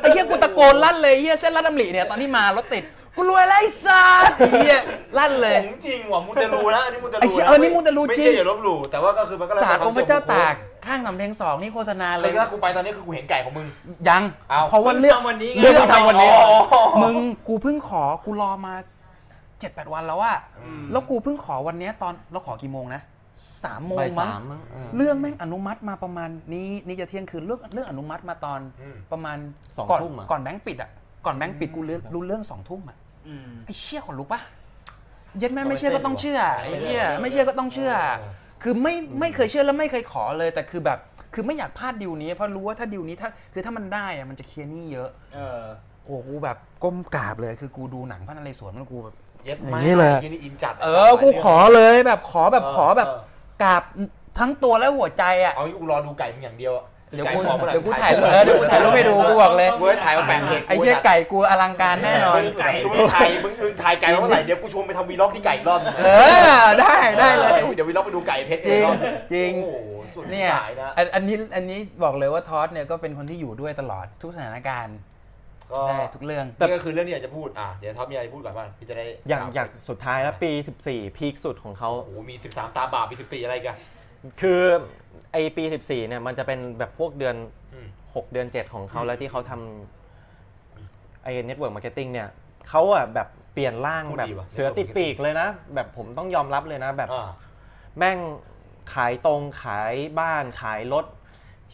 Speaker 4: ไอ้เหี้ยกูตะโกนลั่นเลยไอ้เหี้ยเส้นลาดน้ำหลีเนี่ยตอนที่มารถติดกูรวยไรสัตว์ไอ้เหี้ยลั่นเลย
Speaker 1: ของจริงว่ะมูเตลูนะอันนี้มูเตลู
Speaker 4: ไอ้เหี้ยเออนี่มูเตลูจริง
Speaker 1: ไม่ใช่อย่าลบหลู่แต่ว่าก็คือมันก็แล้ว
Speaker 4: สา
Speaker 1: แต่
Speaker 4: ลองค์พระเจ้าตากข้างสำเพ็งสองนี่โฆษณา
Speaker 1: ค
Speaker 4: เล
Speaker 1: วาม
Speaker 4: ย
Speaker 1: เชื่อบุคคลคือถ้ากูไปตอนนี้คือกูเห็นไก่ของมึ
Speaker 4: ยังเพราะว่าเลือก
Speaker 2: ทำวันนี้ไง
Speaker 4: เลือกทำวันนี้
Speaker 1: อ๋อ
Speaker 4: มึงกูเพิ่งขอกูรอมาเจ็ดแปดวันแล้วอะแล้วกูเพิ่งขอวันเนี้ยตอนเราขอกี่โมงนะสามโมง
Speaker 9: บ่าย
Speaker 4: มั้ง
Speaker 9: สามมั้งเออ
Speaker 4: เรื่องแม่งอนุมัติมาประมาณนี้นี่จะเที่ยงคืนเรื่องเรื่องอนุมัติมาตอน
Speaker 1: อืม
Speaker 4: ประมาณ
Speaker 9: สอง
Speaker 4: ก่อน
Speaker 9: ทุ่มอะ
Speaker 4: ก่อนแบงค์ปิดอะก่อนแบงค์ปิดกูเรื่องรู้เรื่องสองทุ่มอะ
Speaker 2: อืม
Speaker 4: ไอ้เชี่ยขนลุกปะเย็นแม่ไม่เชื่อก็ต้องเชื่อไอ้เหี้ยไม่เชื่อก็ต้องเชื่อ คือไม่ไม่เคยเชื่อแล้วไม่เคยขอเลยแต่คือแบบ คือไม่อยากพลาดดีลนี้เพราะรู้ว่าถ้าดีลนี้ถ้าคือถ้ามันได้อะมันจะเคลียร์หนี้เยอะ
Speaker 2: เออ
Speaker 4: โอ้กูแบบก้มกราบเลยคือกูดูหนังพระนเรศวรมันกูแบบ
Speaker 1: เย็ด
Speaker 4: อย่างนี้เลย
Speaker 1: ที่นี่อินจัด
Speaker 4: เออ กูขอเลยแบบขอแบบขอแบบ
Speaker 1: เ
Speaker 4: กราบทั้งตัวและหัวใจอ่ะ
Speaker 1: เอางี้กูรอดูไก่มึงอย่างเดียวอะ
Speaker 4: เดี๋ยว
Speaker 1: ไก่
Speaker 4: กู
Speaker 1: มึงออมื่อไหร่
Speaker 4: เดี๋ยวกูถ่ายรูปเออเดี๋ยวกูถ่ายรูปให้ดูกูบอกเลย
Speaker 1: กูให้ถ่ายมาแปะเพจ
Speaker 4: ไอ้เหี้ยไก่กูอลังการแน่นอน
Speaker 1: ไก่มึงถ่ายมึงมึงถ่ายไก่มาเมื่อไหร่เดี๋ยวกูชวนไปทำวีล็อกที่ไก่อีกรอบนึง
Speaker 4: เออได้ได้เลย
Speaker 1: เดี๋ยววีล็อกไปดูไก่เพชร
Speaker 4: จริง
Speaker 1: อีกอบ
Speaker 4: จริง
Speaker 1: โอ้โหสุด
Speaker 4: เนี่ย
Speaker 1: สายนะ
Speaker 4: อันอันนี้อันนี้บอกเลยว่าทอสเนี่ยก็เป็นคนที่อยู่ด้วยตลอดทุกสถานการณ์
Speaker 1: ก็
Speaker 4: ได้ทุกเรื่อง
Speaker 1: นี่ก็คือเรื่องที่อยากจะพูดอ่ะเดี๋ยวท็อปมีอะไรพูดก่อนบ้างพี่จะได้
Speaker 9: อย่างอย่างสุดท้ายแล้วปี 14 พีคสุดของเขา
Speaker 1: โอ้โหมี 13 ตาบาปมี14อะไรอีกัน
Speaker 9: คือไอปี 14 เนี่ยมันจะเป็นแบบพวกเดือน
Speaker 1: อืม
Speaker 9: 6 เดือน 7 ของเขาแล้วที่เขาทำไอเน็ตเวิร์กมาร์เก็ตติ้งเนี่ยเขาอ่ะแบบเปลี่ยนร่าง
Speaker 1: พูด
Speaker 9: แบบ
Speaker 1: ดีว่ะ
Speaker 9: เสือติดปีกเลยนะ แบบผมต้องยอมรับเลยนะ แบบ
Speaker 1: อ่า
Speaker 9: แม่งขายตรงขายบ้านขายรถ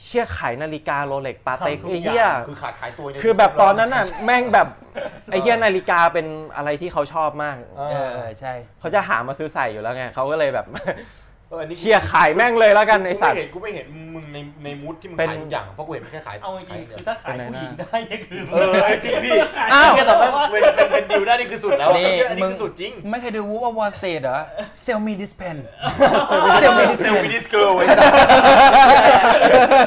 Speaker 9: เชี่ยขายนาฬิกาโรเล็กปาเต็ก
Speaker 1: ทำทุก
Speaker 9: ไอ้
Speaker 1: อ
Speaker 9: เหี้ย
Speaker 1: ย่างคือขาดขายตัวเนี่ย
Speaker 9: คือแบบตอนนั้นน่ะแม่งแบบไอ้เหี้ยนาฬิกาเป็นอะไรที่เขาชอบมาก
Speaker 1: เอ
Speaker 4: เอ
Speaker 1: อ
Speaker 4: อใช่
Speaker 9: เขาจะหามาซื้อใส่อยู่แล้วไงเขาก็เลยแบบ
Speaker 1: เออนี่
Speaker 9: เชียร์ขายแม่งเลยแล้วกันไอสัตว์
Speaker 1: กูไม่เห็นกูไม่เห็นมึงในในมูดที่มึง
Speaker 9: เป็น
Speaker 1: ขายทุกอย่างเพราะกูเห็นมึงแค่ขาย
Speaker 2: เอาจริงๆคือถ้าขายผู้หญิงได้ยังคือ
Speaker 1: เออจริงพี่
Speaker 4: อ้าว
Speaker 1: แค่แต่ว่าเป็นเป็นเป็นดิวได้นี่คือสุดแล้วอะ
Speaker 4: นี่
Speaker 1: อันนี้
Speaker 4: มึง
Speaker 1: คือสุดจริง
Speaker 4: ไม่เคยดูวูฟอวอร์สเตดเหรอเซลมีดิสเพ นเซลมีดิส
Speaker 1: เซ
Speaker 4: เพ
Speaker 1: ล
Speaker 4: น
Speaker 1: วิดิสเกิลไว้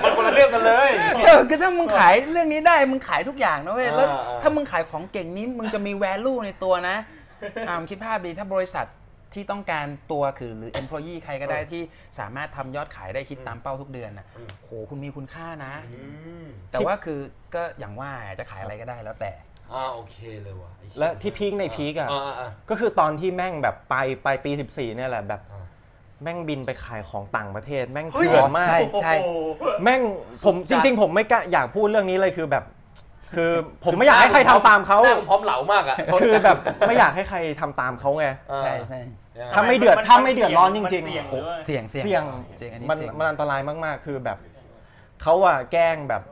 Speaker 1: มันคนละเรื่องกันเลย
Speaker 4: เออ คือถ้ามึงขายเรื่องนี้ได้มึงขายทุกอย่างนะเว้ยแล้ว
Speaker 1: อ่า
Speaker 4: ถ้ามึงขายของเก่งนี้มึงจะมี value ในตัวนะอ่ามงคิดภาพดีถ้าบริษัทที่ต้องการตัวคือหรือ employee ใครก็ได้ที่สามารถทำยอดขายได้คิดตามเป้าทุกเดือนนะโหคุณมีคุณค่านะ
Speaker 1: อืม
Speaker 4: แต่ว่าคือก็อย่างว่าจะขายอะไรก็ได้แล้วแต่
Speaker 1: อ่าโอเคเลยว่ะไอ้เหี้ย
Speaker 9: และที่พีคในพีคอ่ะ
Speaker 1: อ่าอ่า
Speaker 9: ก็คือตอนที่แม่งแบบไปไปปี 14 เนี่ยแหละแบบ
Speaker 1: อ่า
Speaker 9: แม่งบินไปขายของต่างประเทศ แม่ง
Speaker 4: เฮ้ย
Speaker 9: เถื่อนมาก
Speaker 4: ใช่
Speaker 9: แม่งผมจริง ๆ ผมไม่กล้าอยากพูดเรื่องนี้เลยคือแบบ คือผมไม่อยากให้ใครทำตามเขา
Speaker 1: หน้งพร้อมเหลามากอ่ะ
Speaker 9: คือแบบไม่อยากให้ใครทำตามเขาไง
Speaker 1: อ่า
Speaker 4: ใช่ใช่
Speaker 1: ยังไง
Speaker 9: ทำ ไม่เดือดถ้าไม่เดือดร้อนจริงๆ
Speaker 2: ๆ
Speaker 4: โอ้เสี่ยงเสี่ยง
Speaker 9: เสี่ยง
Speaker 4: เสี่ยงอันนี้
Speaker 9: มัน
Speaker 4: เสี่ยง
Speaker 9: มันอันตรายมากๆ คือแบบเขาอะแกล้งแบบ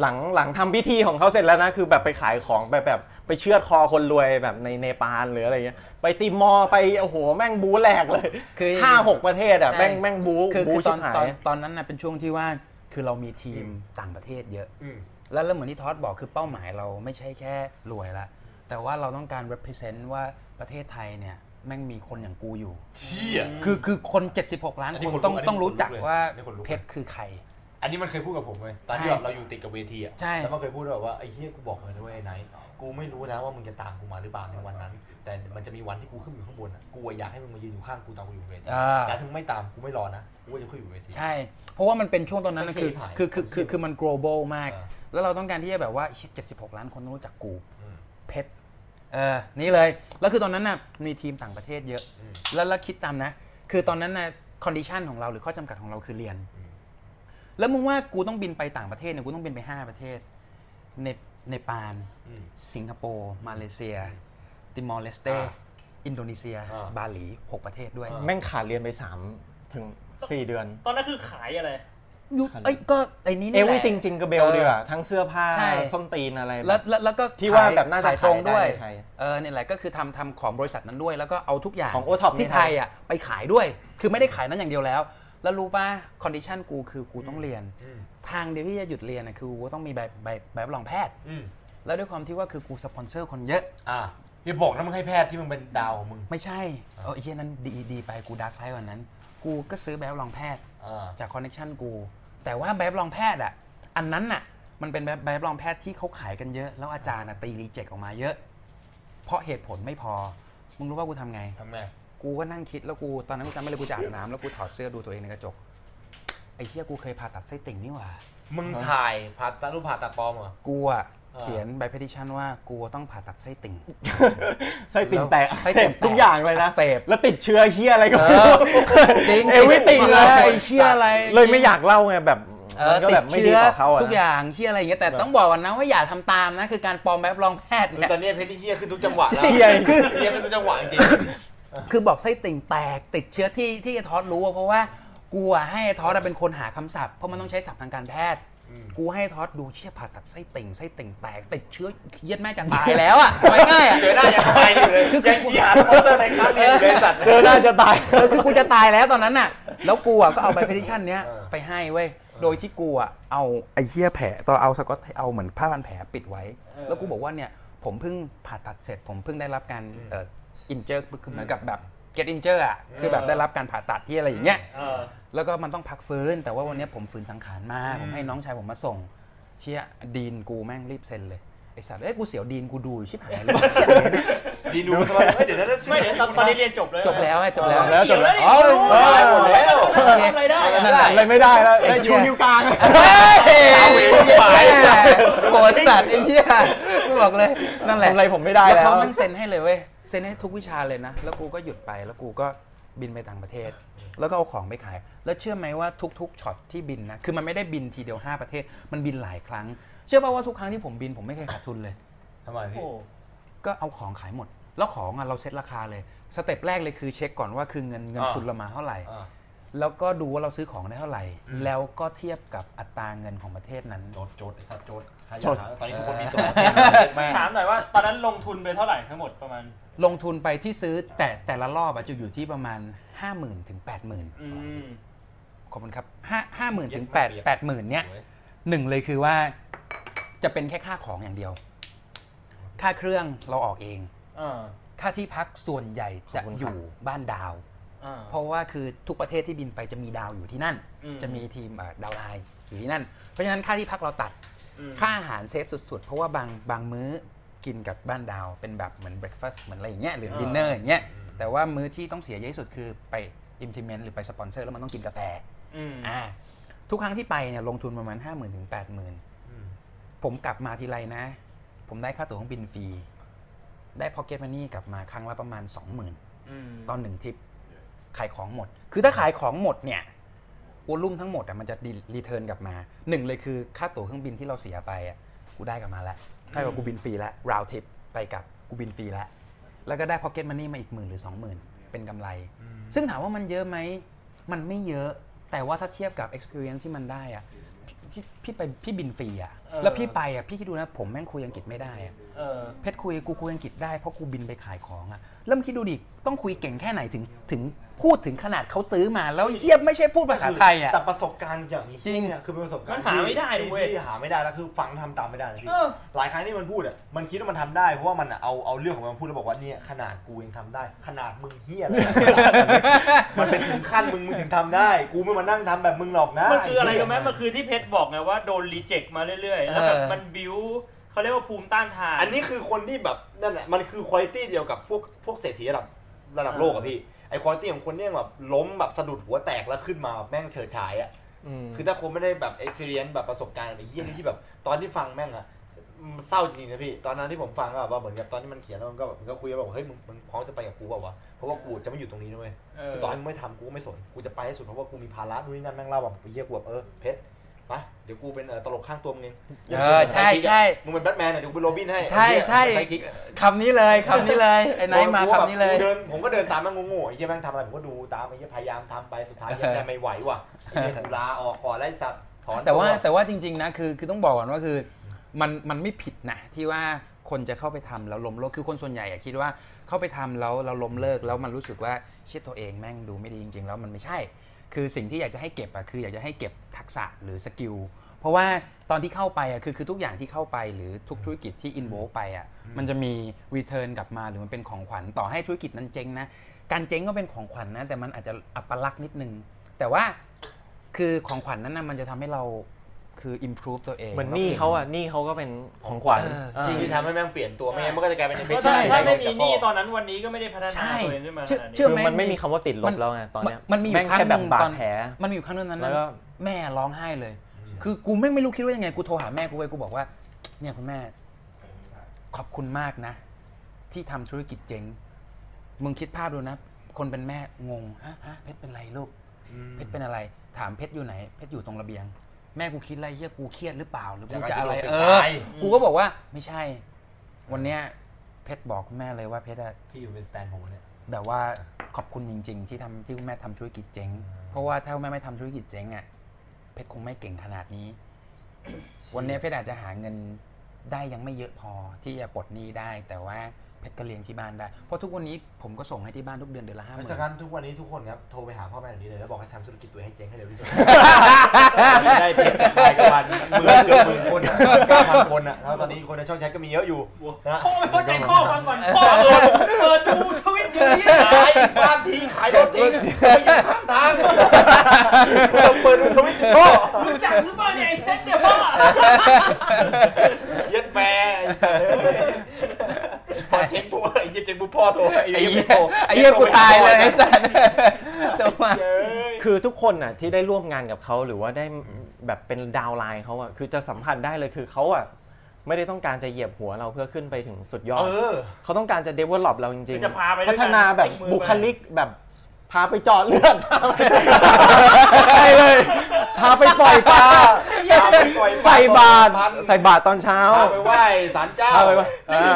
Speaker 9: หลังหลังทำพิธีของเขาเสร็จแล้วนะ คือแบบไปขายของแบบแบบ ไปเชือดคอคนรวยแบบในเนปาลหรืออะไรเงี้ยไปติมอร์ไปโอ้โหแม่งบูแหลกเลย
Speaker 4: คือ
Speaker 9: ห้าหกประเทศอะ
Speaker 4: ใช่
Speaker 9: แม่งแม่งบู
Speaker 4: คือ
Speaker 9: บู
Speaker 4: คือต
Speaker 9: ชิ
Speaker 4: อน
Speaker 9: บหาย
Speaker 4: ตอนตอนนั้นนะเป็นช่วงที่ว่าคือเรามีทีมต่างประเทศเยอะ
Speaker 1: อืม
Speaker 4: แล้วแล้วเหมือนที่ทอสบอกคือเป้าหมายเราไม่ใช่แค่รวยละ แต่ว่าเราต้องการ represent ว่าประเทศไทยเนี่ย แม่งมีคนอย่างกูอยู่
Speaker 1: เชี่ย
Speaker 4: คือคือคน 76 ล้าน
Speaker 1: อันนี้คน
Speaker 4: คน
Speaker 1: รู้
Speaker 4: ต้อง
Speaker 1: อันนี้
Speaker 4: ต้องรู้
Speaker 1: คนรู้
Speaker 4: จัก
Speaker 1: เลย
Speaker 4: ว่า
Speaker 1: อันนี้คนรู้
Speaker 4: เพชรคือใคร
Speaker 1: อันนี้มันเคยพูดกับผมเว้ยตอนที่
Speaker 4: ใช่
Speaker 1: แบบเราอยู่ติดกับเวทีอ่ะ
Speaker 4: ใช่
Speaker 1: แล้วมันเคยพูดด้วยแบบว่าไอ้เฮียกูบอกเลยนะเว้ยไนท์กูไม่รู้นะว่ามึงจะตามกูมาหรือเปล่าในวันนั้น แต่มันจะมีวันที่กูขึ้นอยู่ข้างบนอ่ะกูอะอยากให้มึงมายืนอยู่ข้างกูตอนกูอยู่บนเวที
Speaker 4: อ่า
Speaker 1: แต่ถ้ามึงไม่ตามกูไม่รอนะกูก็จะขึ้นอยู่บนเวที
Speaker 4: ใช่ เพราะว่ามันเป็นช่วงตอนนั้นนะคือ
Speaker 1: มันเคยผ่าน
Speaker 4: คือคือคือคือมัน global มาก
Speaker 1: อ่า
Speaker 4: แล้วเราต้องการที่จะแบบว่าเหี้ย76 ล้านคนต้องรู้จักกู
Speaker 1: อืม
Speaker 4: เพชรเออนี่เลยแล้วคือตอนนั้นน่ะมีทีมต่างประเทศเยอะ
Speaker 1: อืม
Speaker 4: แล้วแล้วคิดตามนะ คือตอนนั้นน่ะคอนดิชันของเราหรือข้อจำกัดของเราคือเรียน
Speaker 1: อืม
Speaker 4: แล้วมึงว่ากูต้องบินไปต่างประเทศเนี่ยกูต้องบินไป 5 ประเทศในในปาน
Speaker 1: อืม
Speaker 4: สิงคโปร์ มาเลเซีย ติมอร์เลสเต
Speaker 1: อ่า
Speaker 4: อินโดนีเซีย
Speaker 1: อ่า
Speaker 4: บาหลี 6 ประเทศด้วย
Speaker 9: แม่งขาดเรียนไปสามถึงสี่เดือน
Speaker 2: ตอนนั้นคือขายอะไร
Speaker 4: ยุเอ้ยก็ไอ้นี้
Speaker 9: เอ
Speaker 4: นี่แห
Speaker 9: วี่
Speaker 4: ละ
Speaker 9: จริงจริงกระเบลดีกว่าทั้งเสื้อผ้า
Speaker 4: ใช่
Speaker 9: ส้นตีนอะไร
Speaker 4: แล้วแล้วแล้วก็
Speaker 9: ที่ว่า
Speaker 4: ขย
Speaker 9: แบบน่าจะ
Speaker 4: ขยตรงด้วย
Speaker 9: ขายได้ในไทย
Speaker 4: เออเนี่ยแหละก็คือทำทำของบริษัทนั้นด้วย แล้วก็เอาทุกอย่าง
Speaker 9: ของ O-Top
Speaker 4: ที่
Speaker 9: เนี่ยนะ
Speaker 4: ไทยอ่ะไปขายด้วย คือไม่ได้ขายนั้นอย่างเดียวแล้ว แล้วรู้ป่ะคอนดิชันกูคือกูต้องเรียน ทางเดียวที่จะหยุดเรียนน่ะคือกูต้องมีใบใบใบรับรองแพทย์
Speaker 1: อืม
Speaker 4: แล้วด้วยความที่ว่าคือกูสปอนเซอร์คนเยอะ
Speaker 1: อ่าอย่าบอกนะมึงให้แพทย์ที่มึงเป็นดาวของมึง
Speaker 4: ไม่ใช่ เอาไอ้เหี้ยนั้นดีดีไปกูดักไซด์วันนั้น กูก็ซื้อใบรับรองแพทย์
Speaker 1: อ่า
Speaker 4: จากคอนเนคชันกู แต่ว่าใบรับรองแพทย์อ่ะอันนั้นน่ะมันเป็นใบรับรองแพทย์ที่เขาขายกันเยอะ แล้วอาจารย์น่ะตีรีเจ็คออกมาเยอะ เพราะเหตุผลไม่พอมึงรู้ว่ากูทำไง
Speaker 1: ทำไง
Speaker 4: กูก็นั่งคิดแล้วกูตอนนั้นกูจำไม่ได้กูจะอาบน้ำแล้วกูถอดเสื้อดูตัวเองในกระจกไอ้เหี้ยกูเคยผ่าตัดไส้ติ่งนี่หว่า
Speaker 1: มึงถ่ายผ่าตัดรูปผ่าตัดปลอมเหรอ
Speaker 4: กูอะ
Speaker 1: เออ
Speaker 4: เขียนใบ petition ว่ากูต้องผ่าตัดไส้ติ่ง
Speaker 9: ไส้ติ่งแตก
Speaker 4: ไส้ติ่งแตก
Speaker 9: ทุกอย่างเลยนะ
Speaker 4: อักเสบ
Speaker 9: แล้วติดเชื้อเฮียอะไรก็
Speaker 4: เอ
Speaker 9: ไม่รู้
Speaker 4: อจริง
Speaker 9: เอวิติงเลย
Speaker 4: ไอ้เชี่ยอะไร
Speaker 9: เลยไม่อยากเล่าไงแบบ
Speaker 4: เอ
Speaker 9: มั
Speaker 4: อน
Speaker 9: ก็
Speaker 4: ติ
Speaker 9: แบ
Speaker 4: ด
Speaker 9: บไม่ดี
Speaker 4: เชื้อ
Speaker 9: ต่อเขาอะนะ
Speaker 4: ทุกอย่างเชี่ยอะไรอย่างเงี้ยแต่ต้องบอกก่อนนะว่าอย่าทำตามนะ คือการปลอมแบบรองแพทย์
Speaker 1: คือ
Speaker 4: เนี่ย
Speaker 1: ตอนนี้เพชรนี่เฮี้ยขึ้นทุกจังหวะแล้ว
Speaker 9: เหี้ย
Speaker 1: คือเฮี้ยขึ้นทุกจังหวะจริง
Speaker 4: คือบอกไส้ติ่งแตกติดเชื้อที่ที่ไอ้ทอสรู้อะเพราะว่ากูอะให้ไอ้ทอสอะเป็นคนหาคำศัพท์เพราะมันต้องใช้ศัพท์ทางการแพทย์ กูให้ไอ้ทอสดูเชี่ยผ่าตัดไส้ติ่งไส้ติ่งแตกติดเชื้อเหี้ย็ดแม่จะตายแล้วอ่ะเอาง่ายๆอะ
Speaker 1: เจอหน้ายังตายอยู่เลยยังชี้หาสปอนเซอร์ในครั้งนี้อยู่เลยสัตว์
Speaker 9: เจอหน้าจะตาย
Speaker 4: เออคือกูจะตายแล้วตอนนั้นน่ะ แล้วกูอ่ะก็เอาใบ petition เนี้ย
Speaker 1: เออ
Speaker 4: ไปให้เว้ย โดยที่กูอ่ะเอาไอ้เหี้ยแผลตอนเอาสกอตเทปเอาเหมือนผ้าพันแผลปิดไว้ แล้วกูบอกว่าเนี่ยผมเพิ่งผ่าตัดเสร็จ ผมเพิ่งได้รับการเอ่อินเจอร์คือเหมือนกับแบบเกตอินเจอร์อ่ะคือแบบได้รับการผ่าตัดที่อะไรอย่างเงี้ย แล้วก็มันต้องพักฟื้น แต่ว่าวันเนี้ยผมฟื้นสังขารมา ผมให้น้องชายผมมาส่ง เชี่ยดีนกูแม่งรีบเซ็นเลยไอสัตว์เอ้ยกูเสียวดีนกูดูอยู่ชิบ หายเลย
Speaker 1: ดีดูสบายเฮ้ยเดี๋ยวนั้นชื่
Speaker 2: ไม่เดี๋ยวตอนตอนนี้เรียนจบเลย
Speaker 4: จบแล้วไงจบแล้ว
Speaker 9: แล้วจบแล้ว
Speaker 2: เดี๋ยนี่
Speaker 1: เออหมดแล้ว
Speaker 2: รู้ทำอะไรได้อะ
Speaker 4: นั่นแหละ
Speaker 9: อะไรไม่ได้แล้วได้
Speaker 4: ไอ้เหี้
Speaker 9: ชู
Speaker 4: ย
Speaker 9: นิ้วกลาง
Speaker 4: โกรธสัตว์ไอ้เหี้ยกูบอกเลยนั่นแหละ
Speaker 9: ทำอะไรผมไม่ได้แล้ว
Speaker 4: เขาแม่งเซ็นให้เลยเว้ยเซ็นให้ทุกวิชาเลยนะ แล้วกูก็หยุดไปแล้วกูก็บินไปต่างประเทศ แล้วก็เอาของไปขาย แล้วเชื่อไหมว่าทุกๆช็อตที่บินนะคือมันไม่ได้บินทีเดียว 5 ประเทศ มันบินหลายครั้ง เชื่อป่าวว่าทุกครั้งที่ผมบินผมไม่เคยขาดทุนเลย
Speaker 1: ทำไมพี่
Speaker 4: ก็เอาของขายหมด แล้วของอะเราเซ็ตราคาเลยสเต็ปแรกเลยคือเช็คก่อนว่าคือเงินเงิน
Speaker 1: อ่า
Speaker 4: ทุนเรามาเท่าไหร่
Speaker 1: อ่า
Speaker 4: แล้วก็ดูว่าเราซื้อของได้เท่าไหร่ แล้วก็เทียบกับอัตราเงินของประเทศนั้น
Speaker 1: โจดโจดไอ้สัตว์โจดหายาหาตอนนี้ทุกคนมีโจด
Speaker 2: ถามหน่อยว่าตอนนั้นลงทุนไปเท่าไหร่ทั้งหมดประมาณ
Speaker 4: ลงทุนไปที่ซื้อแต่แต่ละรอบอะจะอยู่ที่ประมาณ 5 0 0 0 0ถึง80,000
Speaker 2: อืม
Speaker 4: ขอบคุณครับ5 5 0,000ถึง8 80,000เนี้ยหนึ่งเลยคือว่าจะเป็นแค่ค่าของอย่างเดียว ค่าเครื่องเราออกเอง
Speaker 2: อ่า
Speaker 4: ค่าที่พักส่วนใหญ่จะอยู่บ้านดาว
Speaker 2: อ่า
Speaker 4: เพราะว่าคือทุกประเทศที่บินไปจะมีดาวอยู่ที่นั่น
Speaker 2: อืม
Speaker 4: จะมีทีมเอ่อดาวไลน์อยู่ที่นั่น เพราะฉะนั้นค่าที่พักเราตัด
Speaker 2: อืม
Speaker 4: ค่าอาหารเซฟสุด ๆ เพราะว่าบางบางมื้อกินกับบ้านดาวเป็นแบบเหมือนเบรคฟาสต์เหมือนอะไรอย่างเงี้ยหรือดินเนอร์อย่างเงี้ยแต่ว่ามื้อที่ต้องเสียเยอะที่สุดคือไป implement หรือไปสปอนเซอร์แล้วมันต้องกินกาแฟ
Speaker 2: อืม
Speaker 4: อ่าทุกครั้งที่ไปเนี่ยลงทุนประมาณ 5 0,000ถึง80,000 ผมกลับมาทีไรนะ ผมได้ค่าตั๋วเครื่องบินฟรี ได้พ็อกเก็ตมันนี่กลับมาครั้งละประมาณ 20,000
Speaker 2: อืม
Speaker 4: ตอนหนึ่งทริปขายของหมด คือถ้าขายของหมดเนี่ยวอลลุ่มทั้งหมดอะมันจะรีเทิร์นกลับมาหนึ่งเลยคือค่าตั๋วเครื่องบินที่เราเสียไปอะกูได้กลับมาแล้วถ้ากับกูบินฟรีแล้วราวทิปไปกลับกูบินฟรีแล้ว แล้วก็ได้พ็อกเก็ตมันนี่มาอีกหมื่นหรือสองหมื่นเป็นกำไร ซึ่งถามว่ามันเยอะไหม มันไม่เยอะ แต่ว่าถ้าเทียบกับ experience ที่มันได้อะพี่พี่ไปพี่บินฟรีอะแล้วพี่ไปอะพี่คิดดูนะผมแม่งคุยอังกฤษไม่ได้อะ
Speaker 2: เออ
Speaker 4: เพชรคุยกูคุยอังกฤษได้เพราะกูบินไปขายของอะแล้วมึงคิดดูดิต้องคุยเก่งแค่ไหนถึงถึงพูดถึงขนาดเขาซื้อมาแล้วเทียบไม่ใช่พูดภาษาไทยอะ
Speaker 1: แต่ประสบการณ์อย่างนี้จริงเนี่ยคือเป็นประสบการณ์
Speaker 2: มันหาไม่ได้
Speaker 1: ที่
Speaker 2: เว้ย
Speaker 1: ที่หาไม่ได้แล้วคือฟังทำตามไม่ได้เลยพี่
Speaker 2: เออ
Speaker 1: หลายครั้งที่มันพูดอ่ะมันคิดว่ามันทำได้เพราะว่ามันอะเอาเอาเรื่องของมันมาพูดแล้วบอกว่าเนี่ยขนาดกูยังทำได้ ขนาดมึงเฮี้ยอะไร มันเป็นถึงขั้นมึงมึงถึงทำได้ กูไม่มานั่งทำแบบมึงหรอกนะ
Speaker 2: มันคืออะไรรู้ไหมมันคือที่เพชรบอกไงว่าโดนรีเจ็คมาเรื่อยๆ แล้วแบบ
Speaker 4: เออ
Speaker 2: มันบิวเขาเรียกว่าภูมิต้านทาน
Speaker 1: อันนี้คือคนที่แบบนั่นแหละมันคือคุณภาพเดียวกับพวกพวกเศรษฐีระดับระดับโลกอะพี่ไอคุณภาพของคนเนี่ยแบบล้มแบบสะดุดหัวแตกแล้วขึ้นมาแม่งเฉิดฉายอะคือถ้าคนไม่ได้แบบเอ็กเพรียนแบบประสบการณ์ไอ้เหี้ยนี่ที่แบบ ตอนที่ฟังแม่งอะมันเศร้าจริงๆนะพี่ตอนนั้นที่ผมฟังก็แบบว่าเหมือนกับตอนที่มันเขียนแล้วมันก็แบบมันก็คุยกันบอกเฮ้ยมึงมึงพร้อมจะไปกับกูเปล่าวะเพราะว่ากูจะไม่อยู่ตรงนี้นะเว้ย
Speaker 2: เออ
Speaker 1: คือตอนที่มึงไม่ทำกูก็ไม่สนกูจะไปให้สุดเพราะว่ากูมีภาระนู่นนี่นั่นแม่งเล่าแบบไอ้เหี้ยกูแบบเออเพชรมาเดี๋ยวกูเป็นเอ่อตลกข้างตัวมึงเอง
Speaker 4: เออใช่ใช่
Speaker 1: มึงเป็นแบทแมนอะเดี๋ยวกูเป็นโรบินให้
Speaker 4: ใช่ใช่คำนี้เลยคำนี้เลยไอ้ไนท์มาคำนี้เลย
Speaker 1: ผมก็แบบเดินผมก็เดินตามมันงงๆไอ้เหี้ยแม่งทำอะไรผมก็ดูตามไอ้เหี้ยพยายามทำไปสุด ท้ายเหี้ยังไม่ไหวว่ะไอ้เหี้ยกูลาออกก่อนไล่สัตว์ถอน
Speaker 4: แต่ว่า
Speaker 1: ตั
Speaker 4: แต่ว่าจริงๆนะคือคือต้องบอกก่อนว่าคือมันมันไม่ผิดนะที่ว่าคนจะเข้าไปทำแล้วล้มเลิกคือคนส่วนใหญ่อะคิดว่าเข้าไปทำแล้วเราล้มเลิกแล้วมันรู้สึกว่าเชี่ยตัวเองแม่งดูไม่ดีจริง ๆ แล้วมันไม่ใช่ คือสิ่งที่อยากจะให้เก็บอะคืออยากจะให้เก็บทักษะหรือสกิลเพราะว่าตอนที่เข้าไปอะคือคือทุกอย่างที่เข้าไปหรือทุกธุรกิจที่อินโวไปอะมันจะมีรีเทิร์นกลับมาหรือมันเป็นของขวัญต่อให้ธุรกิจนั้นเจ๊งนะการเจ๊งก็เป็นของขวัญนะแต่มันอาจจะอัปลักษณ์นิดนึง แต่ว่า คือของขวัญนั้นน่ะมันจะทำให้เราคือ improve ตัวเอง
Speaker 9: เหมือนหนี่
Speaker 4: แล้วก่ง
Speaker 9: เขาอ่ะหนี่เขาก็เป็นของขวัญ
Speaker 4: เออ
Speaker 9: เออ
Speaker 1: จริงที่ทำให้แม่งเปลี่ยนตัวไม่งั้นมันก็จะกลายเป็น
Speaker 2: เพราะ
Speaker 1: ใช่
Speaker 2: ถ้าถ้าไม่มี
Speaker 1: จาก
Speaker 2: ห
Speaker 1: พ่อ
Speaker 2: นี้ตอนนั้นวันนี้ก็ไม่ได้พัฒนา
Speaker 4: ใช่
Speaker 2: ตัวเองขึ้นมาข
Speaker 4: เชื่อ
Speaker 2: นาดนี้
Speaker 4: เชื่อไห
Speaker 9: คือมันไม่มีคำว่าติดลบแล้วไงตอนเนี้ย
Speaker 4: มัมันมีอ
Speaker 9: แม่
Speaker 4: ยู่
Speaker 9: ง
Speaker 4: ครั้ง
Speaker 9: แค่
Speaker 4: ห
Speaker 9: แบ
Speaker 4: นึ่
Speaker 9: บ
Speaker 4: ง
Speaker 9: บาด
Speaker 4: ตอน
Speaker 9: แผล
Speaker 4: มันมีอยู่ครั้งนึงนั้น
Speaker 9: แล้
Speaker 4: นั้
Speaker 9: วน ก็
Speaker 4: แม่ร้องไห้เลย คือกูแม่งไม่รู้คิดว่ายังไงกูโทรหาแม่กูไว้กูบอกว่า เนี่ยคุณแม่ ขอบคุณมากนะ ที่ทำธุรกิจเจ๋งมึงคิดภาพดูนะ คนเป็นแม่งงฮะฮะเพชรเป็นไรลูก เพชรเป็นอะไร ถามเพชรอยู่ไหน เพชรอยู่ตรงระเบียง แม่กูคิดอะไรเฮียกูเครียดหรือเปล่าหรือกูจะอะไร
Speaker 1: อยากให้
Speaker 4: เอ
Speaker 1: ตัว
Speaker 4: อ
Speaker 1: ตาย
Speaker 4: กูก็บอกว่าไม่ใช่ วันเนี้ยเพชรบอกคุณแม่เลยว่าเพชรอะ
Speaker 1: พี่อยู่เป็นสแตนโฮเนี่ย
Speaker 4: แบบว่าขอบคุณจริง ๆ ที่ทำที่คุณแม่ทำธุรกิจเจ๊ง เพราะว่าถ้าคุณแม่ไม่ทำธุรกิจเจ๊งอ่ะเพชรคงไม่เก่งขนาดนี้ วันนี้เพชรอาจจะหาเงินได้ยังไม่เยอะพอที่จะปลดหนี้ได้ แต่ว่าเพชรก็เลี้ยงที่บ้านได้ เพราะทุกวันนี้ผมก็ส่งให้ที่บ้านทุกเดือนเดือนละห้าห
Speaker 1: เพ
Speaker 4: มื่
Speaker 1: ราะ
Speaker 4: น
Speaker 1: ฉะนั้นทุกวันนี้ทุกคนครับโทรไปหาพ่อแม่แบบนี้เลยแล้วบอกให้ทำธุรกิจตัวเองให้เจ๊งให้เร็วที่สุด ได้เพชรไปกลับบ้านหมื่นเกือบหมื่นคนอะเก้าพันคนอ่ะแล้วตอนนี้คนในช่องแชทก็มีเยอะอยู่นะ
Speaker 2: พ่อไม่เข้าใจพ่อฟังก่อนพ่อเปิดเปิดดูทวิตอยู่นี่นะ
Speaker 1: ขายบ้านทิ้งขายรถทิ้งไปอยู่ข้างทางเปิดดูทวิตพ่อ
Speaker 2: รู้จักหรือเปล่าเนี่ยไอ้เพชรเนี่ยพ่อ
Speaker 1: เย็ดแม่ไอ้สัตว์เอ้ยพอเช็คบุไอ้เหี้ยเช็คบุพ่อโทรไอ้
Speaker 4: ไอ้
Speaker 1: เหี้ยไม่โทร
Speaker 4: เหี้ยไอ้เหี้ยกูตายเลยไอ้สัสแต่ว่า
Speaker 1: เย้ย
Speaker 9: คือทุกคนน่ะที่ได้ร่วมงานกับเขาหรือว่าได้แบบเป็นดาวน์ไลน์เขาอ่ะคือจะสัมผัสได้เลยคือเขาอ่ะไม่ได้ต้องการจะเหยียบหัวเราเพื่อขึ้นไปถึงสุดยอด
Speaker 1: เออ
Speaker 9: เขาต้องการจะ develop เราจริง
Speaker 2: จะพาไปด้วยกั
Speaker 9: พัฒนาแบบ
Speaker 2: ติดมือไป
Speaker 9: บุคลิกแบบพาไปเจอดเลือด พาไปไปเลย พาไปปล่อยปลา
Speaker 1: พาไปปล่อยปลา
Speaker 9: ใส่บาตร
Speaker 1: ตอนพัน
Speaker 9: ใส่บาตรตอนเช้า
Speaker 1: พาไปไหว้ศาลเจ้า
Speaker 9: พาไปไหว้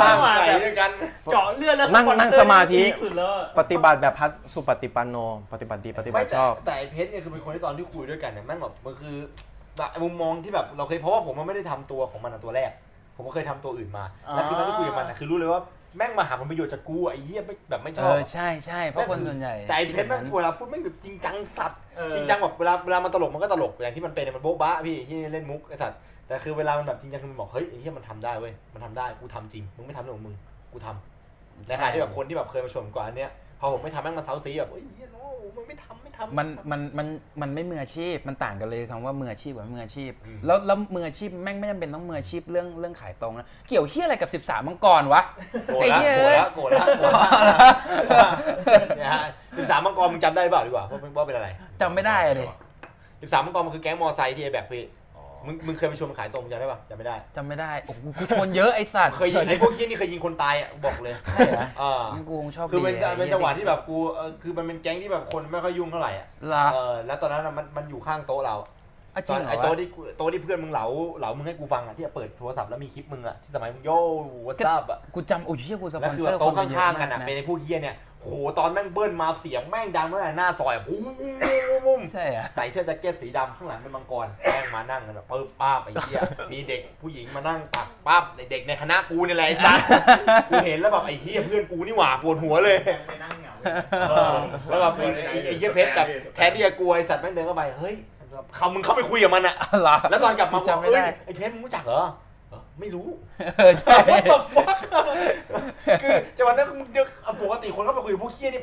Speaker 1: สร้างไก่ด้วยกัน
Speaker 2: เจาะเลือดแล้ว
Speaker 9: นั่งนั่งสมาธิ
Speaker 2: ดีสุดแล้วอะ
Speaker 9: ปฏิบัติแบบพัสสุปฏิปันโน ปฏิบัติดีปฏิบั
Speaker 1: ไม่
Speaker 9: ติ
Speaker 1: แต่
Speaker 9: ชอบ
Speaker 1: แต่ไอ้เพชรเนี่ยคือเป็นคนที่ตอนที่คุยด้วยกันเนี่ยแม่งแบบมันคือแบบมุมมองที่แบบเราเคยเพราะว่าผมมันไม่ได้ทำตัวของมันอะตัวแรก ผมก็เคยทำตัวอื่นมาแล้วคือตอนที่คุยกับมันอะคือรู้เลยว่าแม่งมาหาผลประโยชน์จากกูอะไอ้เหี้ยไม่แบบไม่ช
Speaker 4: เอ
Speaker 1: อบ
Speaker 4: อใช่ใช่เพราะคนส่วนใหญ่
Speaker 1: แต่ไอ้เพชรแม่ง
Speaker 4: คิดแบบนั้น
Speaker 1: เวลาพูดแม่งแบบจริงจังสัตว์
Speaker 2: เออ
Speaker 1: จริงจังแบบเวลาเวลามันตลกมันก็ตลกอย่างที่มันเป็นเนี่ยมันโบ๊ะบ้าพี่ที่เล่นมุกไอ้สัตว์แต่คือเวลามันแบบจริงจังคือมันบอกเฮ้ยไอ้เหี้ยมันทำได้เว้ยมันทำได้กูทำจริงมึงไม่ทำเรื่องของมึงกูทำ ในขณะที่แบบคนที่แบบเคยมาชมก่อนอันเนี้ยพอผมไม่ทำแม่งมาเซาซีแบบเฮ้ยเหี้ยโน้มึงไม่ทำไม่ทำ
Speaker 4: มันมันมันมันไม่มืออาชีพมันต่างกันเลยคำว่ามืออาชีพกับไม่มืออาชีพ
Speaker 1: อืม
Speaker 4: แล้วแล้วมืออาชีพแม่งไม่จำเป็นต้องมืออาชีพเรื่องเรื่องขายตรงนะเกี่ยวเฮี้ยอะไรกับ 13 มังกรวะ
Speaker 1: โกรธ
Speaker 4: ไอ้
Speaker 1: ละ
Speaker 4: เหี้ย
Speaker 1: โกรธ
Speaker 4: เอ้ย
Speaker 1: ละโกรธละ เนี่ยฮะสิบสามมังกรมึงจำได้เปล่าดีกว่าว่าเป็นว่าเป็นอะไร
Speaker 4: จำไม่ได้อะดิ
Speaker 1: สิบสามมังกรมันคือแก๊งมอไซค์ที่ไอแบกพี่มึงมึงเคยไปชวนมันขายตรงมึงจำได้ป่ะจำไม่ได้
Speaker 4: จำไม่ได้โอ้โหกูชวนเยอะไอ้สัตว์
Speaker 1: เคยยิงไอ้พวกเหี้ยนี่เคยยิงคนตายอ่ะบอกเลย
Speaker 4: ใช่เหรอ
Speaker 1: เออ
Speaker 4: งั้นกูคงชอบ
Speaker 1: คือเป็น
Speaker 4: ดีไ
Speaker 1: เป็นจังหวะที่แบบกูเออคือมันเป็นแก๊งที่แบบคนไม่ค่อยยุ่งเท่าไหร่อ่ะ
Speaker 4: เหรอ
Speaker 1: เออแล้วตอนนั้นอะมันมันอยู่ข้างโต๊ะเรา
Speaker 4: อ่ะ
Speaker 1: ต
Speaker 4: จริ
Speaker 1: อง น
Speaker 4: เหรอ
Speaker 1: ไอ้โต๊ะ
Speaker 4: วะ
Speaker 1: ที่กูโต๊ะที่เพื่อนมึงเหลาเหลามึงให้กูฟังอ่ะที่เปิดโทรศัพท์แล้วมีคลิปมึงอ่ะที่สมัยมึงโย่วอทซับอ่ะ
Speaker 4: กูจำโอ้ยเหี้ยกูสป
Speaker 1: แล้ว
Speaker 4: อน
Speaker 1: คื
Speaker 4: เซ
Speaker 1: อ
Speaker 4: อร์
Speaker 1: โต๊ะ
Speaker 4: คน
Speaker 1: ข้
Speaker 4: มันเยอะ
Speaker 1: างๆกั
Speaker 4: มาน
Speaker 1: อ่ะ
Speaker 4: กนะ
Speaker 1: เป็นไอ้พวกเฮียเนี่ยโหตอนแม่งเบิ้ลมาเสียงแม่งดังตั้งแต่หน้าซอยอ่ะบูมบูมบูมบูม
Speaker 4: ใช่เหร อ
Speaker 1: ใส่เสื้อแจ็คเก็ตสีดำข้างหลังเป็นมังกรแม่งมานั่งกันแบบปึ๊บป้าบไอ้เหี้ยมีเด็กผู้หญิงมานั่งตักป้าบเด็กในคณะกูเนี่ยแหละไอ้สัสกูเห็นแล้วแบบไอ้เหี้ยเพื่อนกูนี่หว่าปวดหัวเลย
Speaker 3: ไปนั่งเหงา
Speaker 1: เออแล้วแบบไอ้ไอ้ไอ้เหี้ยเพชรแบบแทนที่จะกลัวไอ้สัตว์แม่งเดินเข้าไปเฮ้ยเขามึงเข้าไปคุยกับมันอ่ะ
Speaker 4: เหรอ
Speaker 1: แล้วตอนกลับมา
Speaker 4: จำไม่
Speaker 1: เอ้ย
Speaker 4: ได้
Speaker 1: ไอ้เพชรมึงรู้จักเหรอเออไม่รู้
Speaker 4: เออใช่
Speaker 1: What the fuck คือจังหวะนั้นมึงเดือกเอาปกติคนเข้าไปคุยกับพวกเคี้ยนี่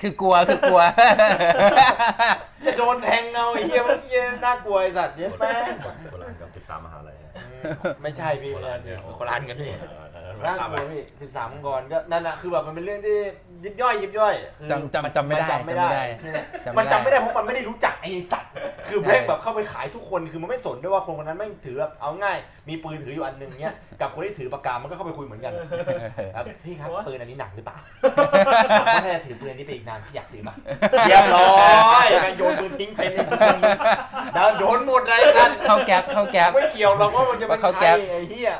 Speaker 4: คือกลัวคือกลั ว
Speaker 1: จะโดนแทงเงาไอ้เคี้ยพวกเคี้ยน่ากลัวไอ้สัตว์เยอะแม่ง
Speaker 5: โบราณกับสิบสามมหาลัยฮะ
Speaker 1: ไม่ใช่พี่
Speaker 5: โบราณเนี่ย
Speaker 1: คนละอันกันพี่
Speaker 5: เออเออ
Speaker 1: น่า
Speaker 5: ข้าม
Speaker 1: ก
Speaker 5: ไป
Speaker 1: ลัวพี่สิบสามมังกรก็นั่นน่ะคือแบบมันเป็นเรื่องที่ยิบย่อยยิบย่อยคือ
Speaker 4: จำจำจำไม่ได้
Speaker 1: นจำไม่ได้
Speaker 4: จำไม่ได้
Speaker 1: มันจำไม่ได้เพราะมันไม่ได้รู้จักไอ้สัตว์คือแม่งแบบเข้าไปขายทุกคนคือมันไม่สนด้วยว่าคนคนนั้นแม่งถือแบบเอาง่ายมีปืนถืออยู่อันหนึ่งเนี้ยกับคนที่ถือปากกา มันก็เข้าไปคุยเหมือนกัน ครับพี่ครับปืนอันนี้หนักหรือเปล่า ถ้าจะถือปืนอันนี้ไปอีกนานพี่อยากถือมาเรียบร้อยแม่งโยนปืนทิ้งเซนแล้วโยนหมดเลยกัน
Speaker 4: เข้าแก๊ปเข้าแก๊ป
Speaker 1: ไม่เกี่ยวหรอกว่ามันจะเป็น
Speaker 4: ว่าเขา
Speaker 1: ใค
Speaker 4: แก๊
Speaker 1: ร
Speaker 4: ป
Speaker 1: ไอ้เหี้ย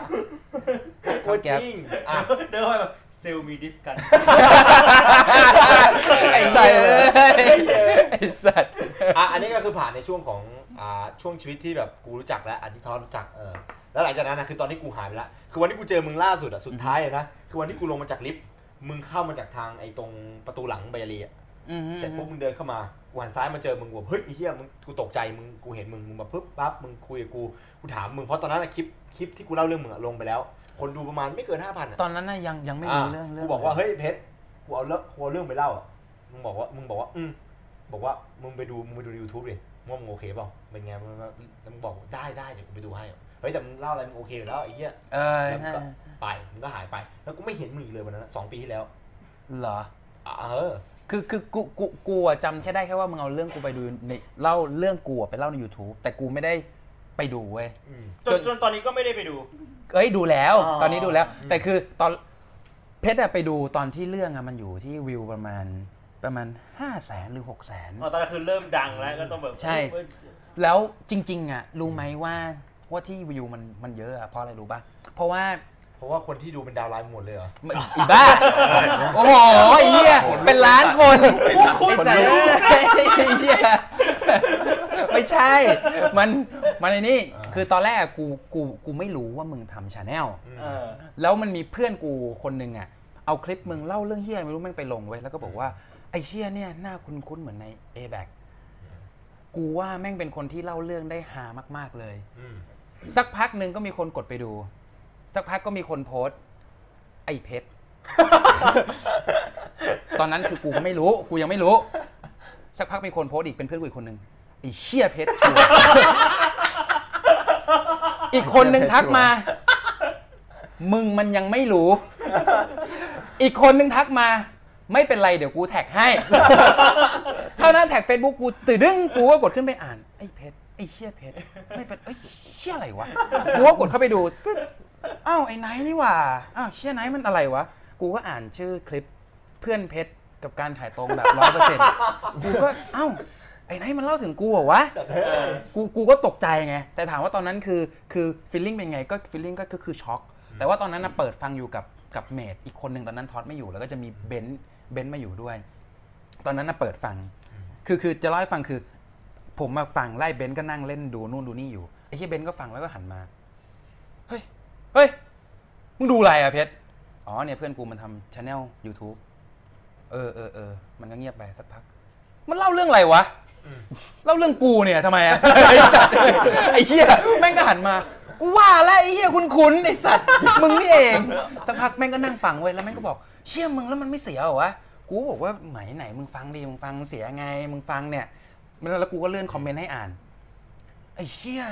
Speaker 1: โค
Speaker 4: เขา
Speaker 1: ตร
Speaker 4: แก๊ป
Speaker 1: จริงอ่ะ
Speaker 2: เดินเข้าไปแบบเซลมีดิสกัน
Speaker 4: ไอ้เหี้ยเอ้ยไอ้สัตว์
Speaker 1: อ่ะอันนี้ก็คือผ่านในช่วงของอ่าช่วงชีวิตที่แบบกูรู้จักแล้วอันที่ทอรู้จักเออแล้วหลังจากนั้นนะคือตอนที่กูหายไปละคือวันที่กูเจอมึงล่าสุดอ่ะสุดท้ายอะนะคือวันที่กูลงมาจากลิฟต์มึงเข้ามาจากทางไอ้ตรงประตูหลังเบเลีย เสร็จปุ๊บมึงเดินเข้ามากูหันซ้ายมาเจอมึงกูบอกเฮ้ยไอ้เหี้ยมึงกูตกใจมึงกูเห็นมึงมึงมาปุ๊บปั๊บมึงคุยกับกูกูถามมึงเพราะตอนนั้นอะคลิปคลิปที่กูเล่าเรื่องมึงอะลงไปแล้ว คนดูประมาณไม่เกินห้าพันอะ
Speaker 4: ตอนนั้นน่ะยังยังไม่รู้เรื่องเรื่อง
Speaker 1: กูบอกว่าเฮ้ยเพชรกูเอาเรื่องกูเอาเรื่องไปเล่าอะมึงบอกว่ามึงบอกว่าอืมบอกว่ามึงไปดูมึงไปดูในยูทูบดิ ว่ามึงโอเคเปล่าเป็นไงมันมันแล้วมึงบอกได้ได้เดี๋ยวกูไปดูให้เฮ้ยแต่มึงเล่าอะไรมึงโอเคอยู่แล้วไอ้เหี้ย
Speaker 4: เออ
Speaker 1: แล้วมึง
Speaker 4: ใช่
Speaker 1: ก็ไปมึงก็หายไป แล้วกูไม่เห็นมึงอีกเลยวันนั้นอะสองปีที่แล้ว
Speaker 4: เหรอ
Speaker 1: อ่ะเออ
Speaker 4: คือคือกูกูกูอะจำแค่ได้แค่ว่ามึงเอาเรื่องกูไปดูในเล่าเรื่องกูอะไปเล่าใน YouTube แต่กูไม่ได้ไปดูเว้ย
Speaker 1: อืม
Speaker 2: จนจนตอนนี้ก็ไม่ได้ไปดู
Speaker 4: เอ้ยดูแล้ว
Speaker 2: อ๋อ
Speaker 4: ตอนนี้ดูแล้ว แต่คือตอนเพชรอะไปดูตอนที่เรื่องอะมันอยู่ที่วิวประมาณประมาณห้าแสนหรือหกแสน
Speaker 2: อ๋อตอนนั้นคือเริ่มดังแล้วก็ต้องแบบ
Speaker 4: ใช่
Speaker 2: เอ้ย
Speaker 4: แล้วจริง ๆอะรู้ไหมว่าว่าที่วิวมันมันเยอะอะเพราะอะไรรู้ปะเพราะว่า
Speaker 1: เพราะว่าคนที่ดูเป็นดาวไลน์หมดเลยเหรอ
Speaker 4: มันอีบ้า โอ้โหไอ้เหี้ยเป็นล้านคนไอ้สัตว์เอ้ยไอ้เหี้ยไม่ใช่ มันมันไอ้นี่คือตอนแรกอะกูกูกูไม่รู้ว่ามึงทำชาแนล
Speaker 2: เออ
Speaker 4: แล้วมันมีเพื่อนกูคนหนึ่งอ่ะ เอาคลิปมึงเล่าเรื่องเฮียไม่รู้แม่งไปลงไว้ยแล้วก็บอกว่า ไอ้เฮียเนี่ยหน้าคุ้นๆเหมือนใน a b a c กูว่าแม่งเป็นคนที่เล่าเรื่องได้หามากๆเลย
Speaker 1: อืม
Speaker 4: สักพักหนึ่งก็มีคนกดไปดู สักพักก็มีคนโพสต์ ไอ้เพชร ตอนนั้นคือกูก็ไม่รู้ กูยังไม่รู้ สักพักมีคนโพสต์อีกเป็นเพื่อนกูอีกคนหนึ่งไอ้เชี่ยเพชรชัวร์อีกคนหนึ่งทักมา มึงมันยังไม่รู้ อีกคนหนึ่งทักมา ไม่เป็นไรเดี๋ยวกูแท็กให้ เท่านั้นแท็ก Facebook กูตื่นดึงกูก็กดขึ้นไปอ่าน ไอ้เพชรไอ้เชี่ยเพชรไม่เป็นไอ้ยเชี่ยอะไรวะกูก็กดเข้าไปดูตึ๊ดอ้าวไอ้ไนท์นี่หว่าอ้าวเชี่ยไนท์มันอะไรวะ กูก็อ่านชื่อคลิปเพื่อนเพชรกับการถ่ายตรงแบบร้อยเปอร์เซ็นต์กูก็อ้าวไอ้ไนท์มันเล่าถึงกูเหรอวะกูกูก็ตกใจไงแต่ถามว่าตอนนั้นคือคือฟีลลิ่งเป็นไงก็ฟีลลิ่งก็คือคือช็อกแต่ว่าตอนนั้นนะเปิดฟังอยู่กับกับเมดอีกคนหนึ่งตอนนั้นท็อตไม่อยู่แล้วก็จะมีเบนซ์เบนซ์มาอยู่ด้วย ตอนนั้นน่ะเปิดฟัง คือคือจะเล่าให้ฟังคือ ผมมาฟังไล่เบนซ์ก็นั่งเล่นดูนู่นดูนี่อยู่ไอ้ที่เบนซ์ก็ฟังแล้วก็หันมา เฮ้ย เฮ้ย มึงดูอะไรอะเพชร อ๋อเนี่ยเพื่อนกูมันทำช anel YouTube เออเออเออ มันก็เงียบไปสักพัก มันเล่าเรื่องอะไรวะ เล่าเรื่องกูเนี่ยทำไมอะ ไอ้สัตว์ไอ้เหี้ยแม่งก็หันมา กูว่าแล้วไอ้เหี้ยคุณคุณไอ้สัตว์มึงนี่เองสักพักแม่งก็นั่งฟังเว้ยแล้วแม่งก็บอก เชี่ยมึงแล้วมันไม่เสียเหรอวะกูก็บอกว่าไหนไหนมึงฟังดีมึงฟังเสียไงมึงฟังเนี่ยแล้วกูก็เลื่อนคอมเมนต์ให้อ่าน ไอ้เชี่ย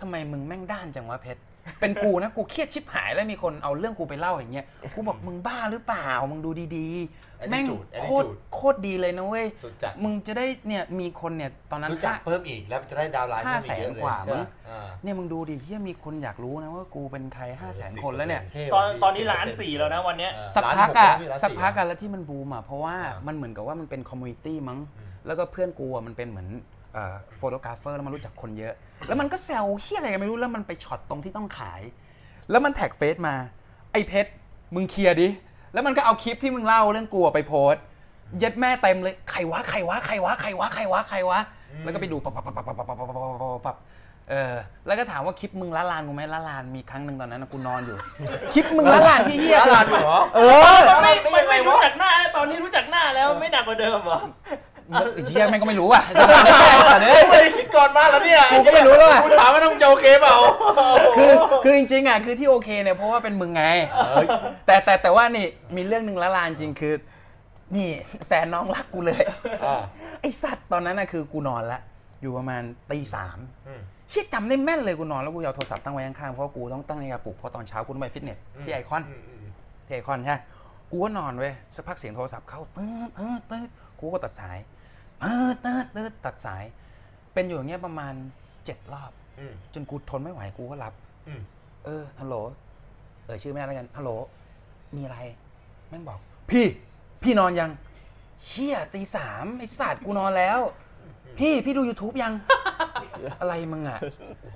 Speaker 4: ทำไมมึงแม่งด้านจังวะเพชร เป็นกูนะกูเครียดชิบหายแล้วมีคนเอาเรื่องกูไปเล่าอย่างเงี้ย กูบอกมึงบ้าหรือเปล่า มึงดูดีๆ แม่ง
Speaker 1: Attitude,
Speaker 4: โคตร
Speaker 1: attitude
Speaker 4: โคตรดีเลยนะเว้ย
Speaker 1: สุดจัด
Speaker 4: มึงจะได้เนี่ยมีคนเนี่ยตอนนั้น
Speaker 1: รู้จัก
Speaker 4: ห้า
Speaker 1: เพิ่มอีกแล้วจะได้ดาวน์ไลน์เพิ่มอีกเยอะเลย
Speaker 4: ห้าแสนกว่า
Speaker 1: ใช่ไหม
Speaker 4: มั้ง
Speaker 1: อ่า
Speaker 4: เนี่ยมึงดูดิเฮียมีคนอยากรู้นะว่ากูเป็นใครห้าแสนคนแล้วเนี่ย
Speaker 1: ท่
Speaker 2: ตอน
Speaker 1: ว่ะ
Speaker 2: ตอนนี้ล้านสี่แล้วนะวันเนี้ย
Speaker 1: เออ
Speaker 4: สักพัก
Speaker 1: ล้า
Speaker 4: อะ
Speaker 1: นหล้าน
Speaker 4: สักพักอะแล้วที่มันบูมอะเพราะว่า
Speaker 1: อ่ามั
Speaker 4: มันเหมือนกับว่ามันเป็นคอมมูนิตี้มั้ง
Speaker 1: อืม
Speaker 4: แล้วก็เพื่อนกูอะมันเป็นเหมือนโฟโตกราฟเฟอร์แล้วมันรู้จักคนเยอะ แล้วมันก็แซวเฮี้ยอะไรกันไม่รู้แล้วมันไปช็อตตรงที่ต้องขาย แล้วมันแท็กเฟซมา ไอ้เพชรมึงเคลียร์ดิ แล้วมันก็เอาคลิปที่มึงเล่าเรื่องกูอะไปโพสต์เย็ดแม่เต็มเลยใครวะใครวะใครวะใครวะใครวะใครวะแล้วก็ไปดูปับปับปับปับปับปับปับปับปับปับปับเออแล้วก็ถามว่าคลิปมึงละลานกูไหมละลานมีครั้งหนึ่งตอนนั้นนะกูนอนอยู่ คลิปมึงละลานที่เฮี้ย
Speaker 1: ล้านเหรอ
Speaker 4: เออ
Speaker 2: ไม่ไม่ไม่รู้จักหน้าแล้วตอนนี้รู้จักหน้าแล้วไม่หนักกว่าเดิมเหรอ
Speaker 4: เฮียแม่งก็ไม่รู้อ่ะ สัตว์เอ้ย
Speaker 3: ไม่ได้คิดก่อนมาแล้วเนี่ย
Speaker 4: กูก็ไม่รู้แล้วอ่ะ
Speaker 3: ถามว่าต้องจะโอเคเปล่า
Speaker 4: คือคือจริงๆอ่ะคือที่โอเคเนี่ยเพราะว่าเป็นมึงไง แต่แต่แต่ว่านี่มีเรื่องหนึ่งละลานจริงคือ นี่แฟนน้องรักกูเลยไอสัตว์ตอนนั้นน่ะคือกูนอนละอยู่ประมาณตีสาม
Speaker 1: อืม
Speaker 4: เชี่ยจำได้แม่นเลยกูนอนแล้วกูเอาโทรศัพท์ตั้งไว้ข้างๆเพราะกูต้องตั้งนาฬิกาปลุกเพราะตอนเช้ากูต้องไปฟิตเนสที่ไอคอน เทคอนใช่ไหมกูก็นอนเว้ยสักพักเสียงโทรศัพท์เข้าตืดตืดตืดกูก็ตัดสายตืดตืดตืดตัดสาย เป็นอยู่อย่างเงี้ยประมาณเจ็ดรอบ
Speaker 1: อืม
Speaker 4: จนกูทนไม่ไหวกูก็รับ
Speaker 1: อืม
Speaker 4: เออ ฮัลโหล เออชื่อไม่ได้แล้วกัน ฮัลโหล มีอะไร แม่งบอก พี่ พี่นอนยัง เชี่ยตีสามไอ้สัตว์กูนอนแล้ว พี่ พี่ดู YouTube ยัง อะไรมึงอ่ะ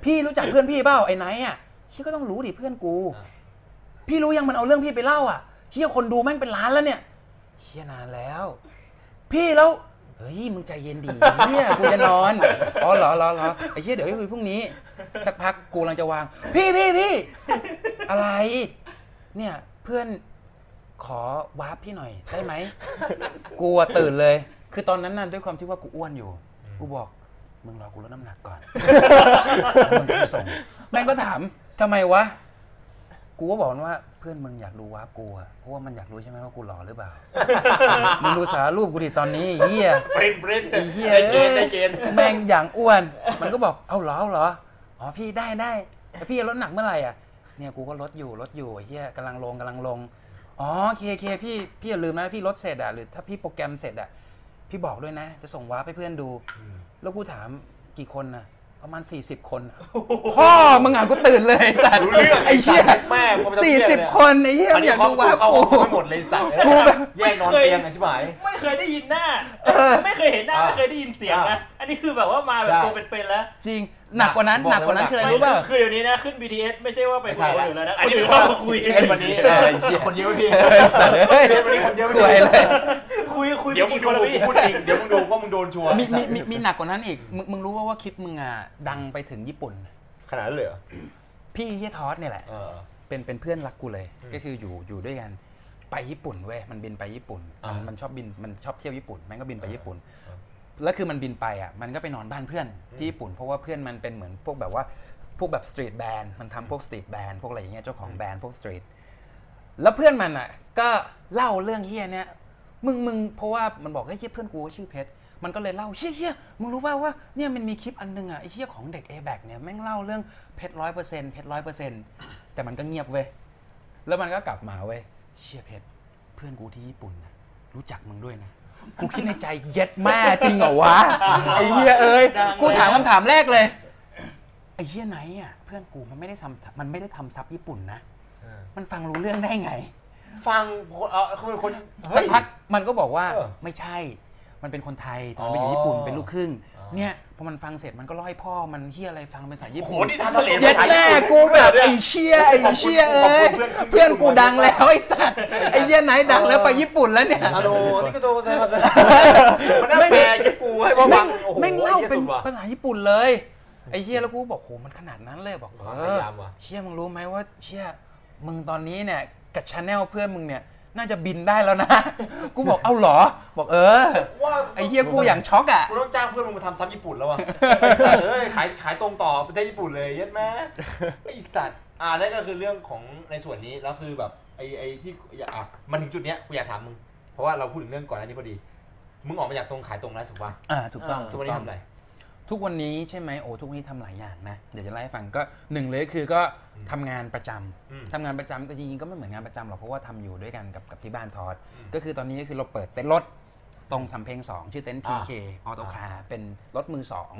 Speaker 4: พี่รู้จักเพื่อนพี่เปล่าไอ้ไนท์อ่ะเชี่ยก็ต้องรู้ดิเพื่อนกู พี่รู้ยังมันเอาเรื่องพี่ไปเล่าอ่ะเชี่ยคนดูแม่งเป็นล้านแล้วเนี่ย เชี่ยนานแล้ว พี่แล้วเฮ้ยมึงใจเย็นดีเนี่ย กูจะนอนอ๋อเหรอเหรอเหรอไอ้เชี่ยเดี๋ยวไปคุยพรุ่งนี้ สักพักกูกำลังจะวาง พี่พี่พี่อะไร เนี่ยเพื่อนขอวาร์ปพี่หน่อยได้ไหมกูอะตื่นเลย คือตอนนั้นน่ะด้วยความที่ว่ากูอ้วนอยู่ กูบอกมึงรอกูลดน้ำหนักก่อนแล้วมึงก็ไปส่งแม่งก็ถามทำไมวะ กูก็บอกมันว่าเพื่อนมึงอยากดูวาร์ปกูอะเพราะว่ามันอยากรู้ใช่ไหมว่ากูหล่อหรือเปล่า มึงดูสารรูปกูดิตอนนี้ไอ้เฮีย
Speaker 12: เบรนเบรน
Speaker 4: ไอ้เหี้ย
Speaker 12: ได้เกณฑ์ได้เกณฑ์
Speaker 4: แม่งอย่างอ้วน มันก็บอก เอาเหรอเอาเหรอ อ๋อพี่ได้ได้แต่พี่จะลดหนักเมื่อไหร่อ่ะ เนี่ยกูก็ลดอยู่ลดอยู่ไอ้เหี้ยกำลังลงกำลังลง อ๋อโอเคโอเคพี่พี่อย่าลืมนะพี่ลดเสร็จอ่ะหรือถ้าพี่โปรแกรมเสร็จอ่ะพี่บอกด้วยนะ จะส่งวาร์ปให้เพื่อนดู แล้วกูถามกี่คนน่ะ ประมาณ 40 คนพ่อมึงอ่ะกูตื่นเลยไอ้สัตว์
Speaker 12: รู้เรื่อง
Speaker 4: ไอ้เหี้ย
Speaker 12: แม่งผมจะเครี
Speaker 4: สี่
Speaker 12: ยดเลย
Speaker 4: สิบคนไอ้เหี้ยมันอยากดูวาร์ป
Speaker 1: เข้าอ
Speaker 4: กู
Speaker 1: อกไม่หมดเลยสัตว์
Speaker 4: กูแบบ
Speaker 1: แย่งนอนเตียงอ่ะใช่ไหม
Speaker 2: ไม่เคยได้ยินหน้า
Speaker 4: อ
Speaker 2: ไม่เคยเห็นหน้า
Speaker 1: อ่า
Speaker 2: ไม่เคยได้ยินเสียงนะ อันนี้คือแบบว่ามาแบบ
Speaker 1: ใช่
Speaker 2: ตัวเป็นๆแล้ว
Speaker 4: จริงหนักกว่านั้นหนักกว่านั้นคืออะไรรู้ป่ะ
Speaker 2: คือเดี๋ยวนี้นะ ขึ้น BTS ไม่ใช่ว่าไปคุยกันอยู่แล้วนะ
Speaker 12: อันนี้
Speaker 2: ค
Speaker 12: เป็น น
Speaker 2: เข้า
Speaker 12: ข้า
Speaker 2: มาคุ
Speaker 12: คุ
Speaker 2: ย
Speaker 12: ย
Speaker 2: กั
Speaker 12: กันน
Speaker 2: เอง
Speaker 12: วันนี้
Speaker 4: เออไอ้เหี้ย
Speaker 1: คนเยอะพี่
Speaker 4: ไอ้สัตว์เอ้ย
Speaker 1: วันนี้คนเยอะ
Speaker 4: คุ
Speaker 1: พี่
Speaker 4: ยเลย
Speaker 2: คุยคุย
Speaker 12: เดี๋ยวมึง
Speaker 2: กี่
Speaker 12: ดู
Speaker 2: คนละ
Speaker 12: กู
Speaker 2: พี่
Speaker 12: พูดเองเดี๋ยวมึงดูว่ามึงโดนชัวร์
Speaker 4: มีมีมีมีหนักกว่านั้นอีก มึงมึงรู้ว่าว่าคลิปมึงอ่ะดังไปถึงญี่ปุ่น
Speaker 1: ขนาดนั้นเลยเหรอ
Speaker 4: พี่เฮียทอสเนี่ยแหละ
Speaker 1: เออ
Speaker 4: เป็นเป็นเพื่อนรักกูเลย ก็คืออยู่อยู่ด้วยกัน ไปญี่ปุ่นเว้ย มันบินไปญี่ปุ่น
Speaker 1: อ่ามั
Speaker 4: มันมันชอบบิน มันชอบเที่ยวญี่ปุ่น มันก็บินไปญี่ปุ่น
Speaker 1: อ่า
Speaker 4: แล้วคือมันบินไปอ่ะ มันก็ไปนอนบ้านเพื่อนที่ญี่ปุ่น เพราะว่าเพื่อนมันเป็นเหมือนพวกแบบว่า พวกแบบสตรีทแบนด์ มันทำพวกสตรีทแบนด์ พวกอะไรอย่างเงี้ย เจ้าของแบรนด์พวกสตรีท แล้วเพื่อนมันอ่ะ ก็เล่าเรื่องเฮียเนี่ย มึงมึงเพราะว่ามันบอกเฮ้ยเหี้ยเพื่อนกูชื่อเพชร มันก็เลยเล่าเฮียเฮียมึงรู้ป่าวว่าเนี่ยมันมีคลิปอันนึงอ่ะไอ้เฮียของเด็ก a b a c เนี่ยแม่งเล่าเรื่องเพชรร้อยเปอร์เซ็นต์เพชรร้อยเปอร์เซ็นต์แต่มันก็เงียบเว้ย แล้วมันก็กลับมาเว้ยเชี่ยเพชรเพื่อนกูที่ญี่ปุ่นนะรู้จักมึงด้วยนะ กูคิดในใจเย็ดแม่จริงเหรอวะ ไอ้เหี้ยเอ้ย
Speaker 2: ดังเลย
Speaker 4: กูถามคำถามแรกเลย ไอ้เหี้ยไหนอ่ะเพื่อนกูมันไม่ได้ทำมันไม่ได้ทำซับญี่ปุ่นนะมันฟังรู้เรื่องได้ไง
Speaker 1: ฟังเออเขาเป็นคน
Speaker 4: สั
Speaker 1: เฮ้
Speaker 4: ก
Speaker 1: ย
Speaker 4: พักมันก็บอกว่า
Speaker 1: เออ
Speaker 4: ไม่ใช่ มันเป็นคนไทยตอนไปอยู่ญี่ปุ่น
Speaker 1: อ๋อ
Speaker 4: เป็นลูกครึ่ง เนี่ยพอมันฟังเสร็จมันก็เล่าให้พ่อมันเฮียอะไรฟังเป็นภาษาญี่
Speaker 12: โอ้โห
Speaker 4: ปุ่น
Speaker 12: นี่ทานทะเล
Speaker 4: เย็ดแม่กูแบบไอ้เชี่ยไอ้เชี่ยเอ้ยเพื่อนกูดังแล้วไอ้สัตว์ไอ้เหี้ยไหนดังแล้วไปญี่ปุ่นแล้วเนี่ย
Speaker 1: ฮัลโหลนี่ก็โตใช่ไหม
Speaker 12: มันน่าแปลคิดกูให้ว่า
Speaker 4: แม่
Speaker 12: ฟั
Speaker 4: ง
Speaker 12: งโอ้โห
Speaker 4: แม่งเล่าเป็น
Speaker 12: สุดว่ะ
Speaker 4: ภาษาญี่ปุ่นเลยไอ้เฮียแล้วกูบอกโหมันขนาดนั้นเลยบอก
Speaker 1: ความ
Speaker 4: เออย
Speaker 1: พายามว่ะ
Speaker 4: เชี่ยมึงรู้ไหมว่าเชี่ยมึงตอนนี้เนี่ยกับชาแนลเพื่อนมึงเนี่ยน่าจะบินได้แล้วนะ กูบอกเอาเหรอ บอกเออ
Speaker 1: ว่า
Speaker 4: ไอ้เฮียกูอย่างช็อกอ่ะ
Speaker 1: กูต้องจ้างเพื่อนมึงมาทำซับญี่ปุ่นแล้วอ่ะไอ้สัตว์ เอ้ยขายขายตรงต่อประเทศญี่ปุ่นเลยเย็ดแม่ไอสัตว์อ่านั่นก็คือเรื่องของในส่วนนี้แล้วคือแบบไอไอที่อยากอ่ะมันถึงจุดเนี้ยกูอยากถามมึงเพราะว่าเราพูดถึงเรื่องก่อนหน้านี้พอดี มึงออกมาจากตรงขายตรงแล้วถูกป่ะ
Speaker 4: อ่าถูกต้อง
Speaker 1: ทุกวันนี้ทำอะไร
Speaker 4: ทุกวันนี้ใช่ไหมโอ้ทุกวันนี้ทำหลายอย่างนะ เดี๋ยวจะไล่าให้ฟังก็หนึ่งเลยก็คือก็ทำงานประจำ
Speaker 1: อืม
Speaker 4: ทำงานประจำก็จริงๆก็ไม่เหมือนงานประจำหรอกเพราะว่าทำอยู่ด้วยกันกับกับที่บ้านทอด
Speaker 1: อืม
Speaker 4: ก็คือตอนนี้ก็คือเราเปิดเต็นท์รถตรงสำเพ็งสองชื่อเต็นท์พี
Speaker 1: อ่า
Speaker 4: เคออโตคาเป็นรถมือสอง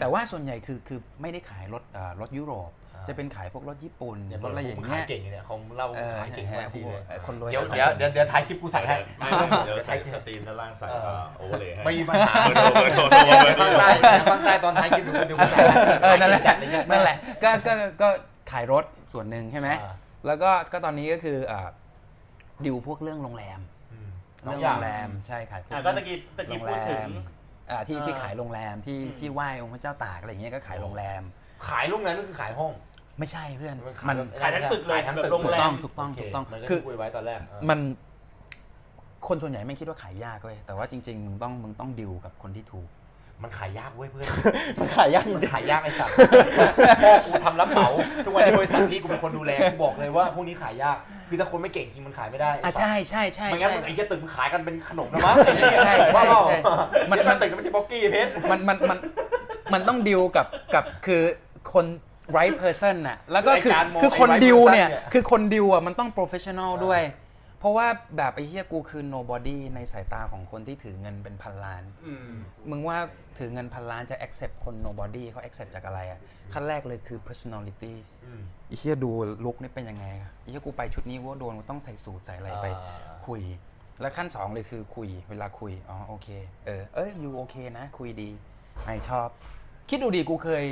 Speaker 4: แต่ว่าส่วนใหญ่คือคือไม่ได้ขายรถเอ่อรถยุโรป จะเป็นขายพวกรถญี่ปุ่น
Speaker 1: เนี่ย
Speaker 4: รถอะไรอ
Speaker 1: ผ
Speaker 4: ย่าม ง
Speaker 1: ขา
Speaker 4: เงี้
Speaker 1: ย
Speaker 4: ย
Speaker 1: เก่งอยู่เนี่ยเขาเล่า
Speaker 4: เออ
Speaker 1: ขายเก่งมากทีเลย
Speaker 4: เออคนรวย
Speaker 1: เดี๋ยวเดี๋ยวเดี๋ยวเดี๋ยวท้ายคลิปกูใส่ให้
Speaker 5: ไม่ต้องเดี๋ยวใส่สตรีมด้านล่างใส่ก็โอเวอร์เลยให้
Speaker 1: ไม่มีปัญหา
Speaker 5: เบอร์โทรเบอร์โทรโทรมาเบอร์โท
Speaker 1: ฟัใต้
Speaker 5: รง
Speaker 1: ฟังใต้ตอนท้ายคลิปดูดูกูใส่ให้
Speaker 4: เออนั่นแหละ
Speaker 1: จัดเลยเย
Speaker 4: นั่นแหละก็ก็ก็ขายรถส่วนหนึ่งใช่ไหม
Speaker 1: อ่า
Speaker 4: แล้วก็ก็ตอนนี้ก็คือเอ่อดิวพวกเรื่องโรงแรม
Speaker 1: อืมส
Speaker 4: เรื่อ
Speaker 1: อ
Speaker 4: งโร
Speaker 1: ย่าง ง
Speaker 4: แรมใช่ขายพวก
Speaker 2: อ่ะก็ตะกี้ตะ
Speaker 4: โร
Speaker 2: กี้
Speaker 4: ง
Speaker 2: พู
Speaker 4: แร
Speaker 2: ดถึง
Speaker 4: มอ่าที่ที่
Speaker 2: เออ
Speaker 4: ขายโรงแรมที่
Speaker 2: อืม
Speaker 4: ที่ไหว้องค์พระเจ้าตากอะไรอย่างเงี้ยก็ขายโรงแรม
Speaker 1: ขายโรงแรมก็คือขายห้อง
Speaker 4: ไม่ใช่เพื่อน
Speaker 1: มั
Speaker 4: มัน น
Speaker 2: ขายทั้งตึกเลย
Speaker 1: ขายทั้งตึก
Speaker 2: แบบโรง
Speaker 4: ถูก
Speaker 2: แรม
Speaker 4: ต้องถูกต้องถูกต้อง
Speaker 1: มันก็
Speaker 4: คื
Speaker 1: คือ อคุยไว้ตอนแรกเออ
Speaker 4: มันคนส่วนใหญ่ไม่คิดว่าขายยากเว้ยแต่ว่าจริงๆมึงต้องมึงต้องดิวกับคนที่ถูก
Speaker 1: มันขายยากเว้ยเพื่อน
Speaker 9: มันขายยากจ
Speaker 1: มัน
Speaker 9: ริง
Speaker 1: ขายยากไอ้สัตว์พ่อกูทำรับเหมาทุกวันนี้บริษัทนี้กูเป็นคนดูแลกูบอกเลยว่าพวกนี้ขายยาก คือถ้าคนไม่เก่งจริงมันขายไม่ได้
Speaker 4: อ่ะใช่ใช่ใช่
Speaker 1: ไม่งั้น
Speaker 4: ใช่
Speaker 1: มึงไอ้เหี้ยตึกมึงขายกันเป็นขนมนะมั้งไอ้เหี้ย
Speaker 4: ใช่ใช่ใช่
Speaker 1: มั
Speaker 4: มั
Speaker 1: น น
Speaker 4: มั
Speaker 1: มัน นตึกไม่ใช่บ็อกกี้เพชร
Speaker 4: มันมันมันมันต้องดิวกับกับคือคน right person น่ะแล้วก็คือ
Speaker 1: รายการมอง
Speaker 4: คือคน
Speaker 1: right
Speaker 4: ดิวเนี่ย
Speaker 1: person เนี่ย
Speaker 4: คือคนดิวอ่ะมันต้อง professional ด้วย เพราะว่าแบบไอ้เหี้ยกูคือ nobody ในสายตาของคนที่ถือเงินเป็นพันล้าน มึงว่าถือเงินพันล้านจะ accept คน nobody เขา accept จากอะไรอ่ะขั้นแรกเลยคือ personality ไอ้เหี้ยดูลุกนี่เป็นยังไงอะไอ้เหี้ยกูไปชุดนี้กูว่าโดนกูต้องใส่สูทใส่อะไรไป
Speaker 1: อ่า
Speaker 4: คุย แล้วขั้นสองเลยคือคุย เวลาคุย อ๋อโอเค เออ เอ้ยยูโอเคนะ คุยดีไอชอบ คิดดูดีกูเคย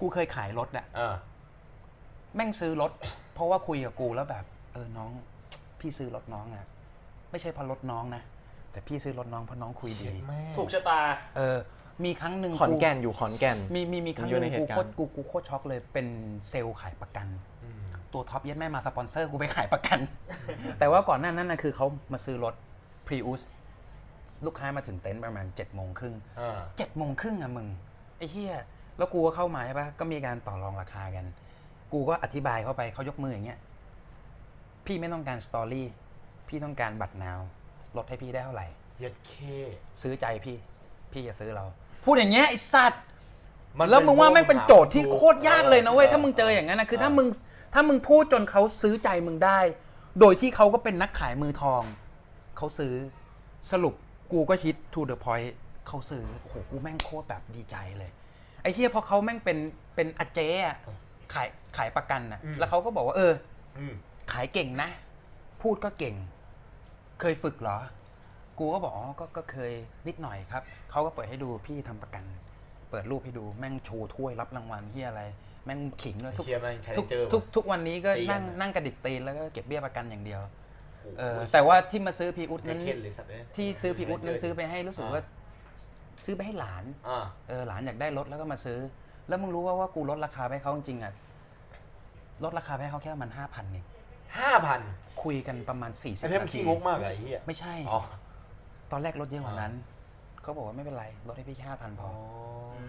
Speaker 4: กูเคยขายรถอะ
Speaker 1: อ่า
Speaker 4: แม่งซื้อรถ เพราะว่าคุยกับกูแล้วแบบ เออน้อง พี่ซื้อรถน้องอะไม่ใช่เพราะรถน้องนะ แต่พี่ซื้อรถน้องเพราะน้องคุยดี
Speaker 2: ถูกชะตา
Speaker 4: เออ มีครั้งหนึ่ง
Speaker 9: ขอนแก่นอยู่ขอนแก่น
Speaker 4: มีมีมีครั้งห
Speaker 9: อยู่ใน
Speaker 4: นึ่ง
Speaker 9: เห
Speaker 4: กู
Speaker 9: ตุการ
Speaker 4: โคตร
Speaker 9: ณ์
Speaker 4: กูกูโคตรช็อกเลยเป็นเซลล์ขายประกัน ตัวท็อปเย็ดแม่มาสปอนเซอร์กูไปขายประกัน แต่ว่าก่อนหน้านั้นนะคือเขามาซื้อรถ Prius ลูกค้ามาถึงเต็นท์ประมาณ7จ็ดโมงครึ่ง
Speaker 1: อ่า
Speaker 4: เจ็ดโมงครึ่งอะมึง ไอ้เหี้ยแล้วกูก็เข้ามาใช่ปะก็มีการต่อรองราคากัน กูก็อธิบายเข้าไปเขายกมืออย่างเงี้ย พี่ไม่ต้องการสตอรี่พี่ต้องการบัตรนาวลดให้พี่ได้เท่าไหร่
Speaker 1: เย็ดเค
Speaker 4: ซื้อใจพี่ พี่จะซื้อเรา พูดอย่างเงี้ยไอ้สัตว์
Speaker 1: น
Speaker 4: แล้วมึงว่าแม่งเป็นโจทย์ที่
Speaker 1: เป็น
Speaker 4: โคตรยากเลยนะเว้ยถ้ามึงเจออย่างนั้นนะคือถ้ามึงถ้ามึงพูดจนเขาซื้อใจมึงได้ โดยที่เขาก็เป็นนักขายมือทอง เขาซื้อสรุปกูก็ฮิต to the point เขาซื้อโอ้โหกูแม่งโคตรแบบดีใจเลย ไอ้เฮียเพราะเขาแม่งเป็นเป็นอาเจ๊อะขายขายประกันนะแล้วเขาก็บอกว่าเออ
Speaker 1: อืม
Speaker 4: ขายเก่งนะ พูดก็เก่ง เคยฝึกเหรอ กูก็บอกอ๋อก็ก็เคยนิดหน่อยครับ เขาก็เปิดให้ดูพี่ทำประกัน เปิดรูปให้ดูแม่งโชว์ถ้วยรับรางวัลที่อะไร แม่งขิงด้วยทุก
Speaker 1: ไอ้เหี้ยแม่งใช้
Speaker 4: ทุก
Speaker 1: เจอ
Speaker 4: ทุกทุกวันนี้ก็
Speaker 1: ตีกัน
Speaker 4: นั่งนั่งกระดิกตีนแล้วก็เก็บเบี้ยประกันอย่างเดียวเออแต่ว่าที่มาซื้อพีอุด
Speaker 1: เย็
Speaker 4: นั้
Speaker 1: ด
Speaker 4: น
Speaker 1: เคเลยสัตว์เลย
Speaker 4: ที่ซื้อพีอุดนั้นซื้อไปให้รู้สึกว่า
Speaker 1: อ่
Speaker 4: ซื้อไปให้หลาน
Speaker 1: อ่า
Speaker 4: เออหลานอยากได้รถแล้วก็มาซื้อ แล้วมึงรู้ว่าว่ากูลดราคาไปให้เขาจริงๆอ่ะลดราคาไปให้เขาแค่ประมันห้าพันเอง
Speaker 1: ห้าพัน
Speaker 4: คุยกันประมาณ 40่สิ
Speaker 1: ไอ้เพชรมันขี้งกมากเหรอไอ้เหี้ย
Speaker 4: ไม่ใช่
Speaker 1: อ๋อ
Speaker 4: ตอนแรกลดเยอะกว่านั้น เขาบอกว่าไม่เป็นไร ลดให้พี่แค่ห้าพันพอ
Speaker 1: อ๋อ
Speaker 2: อื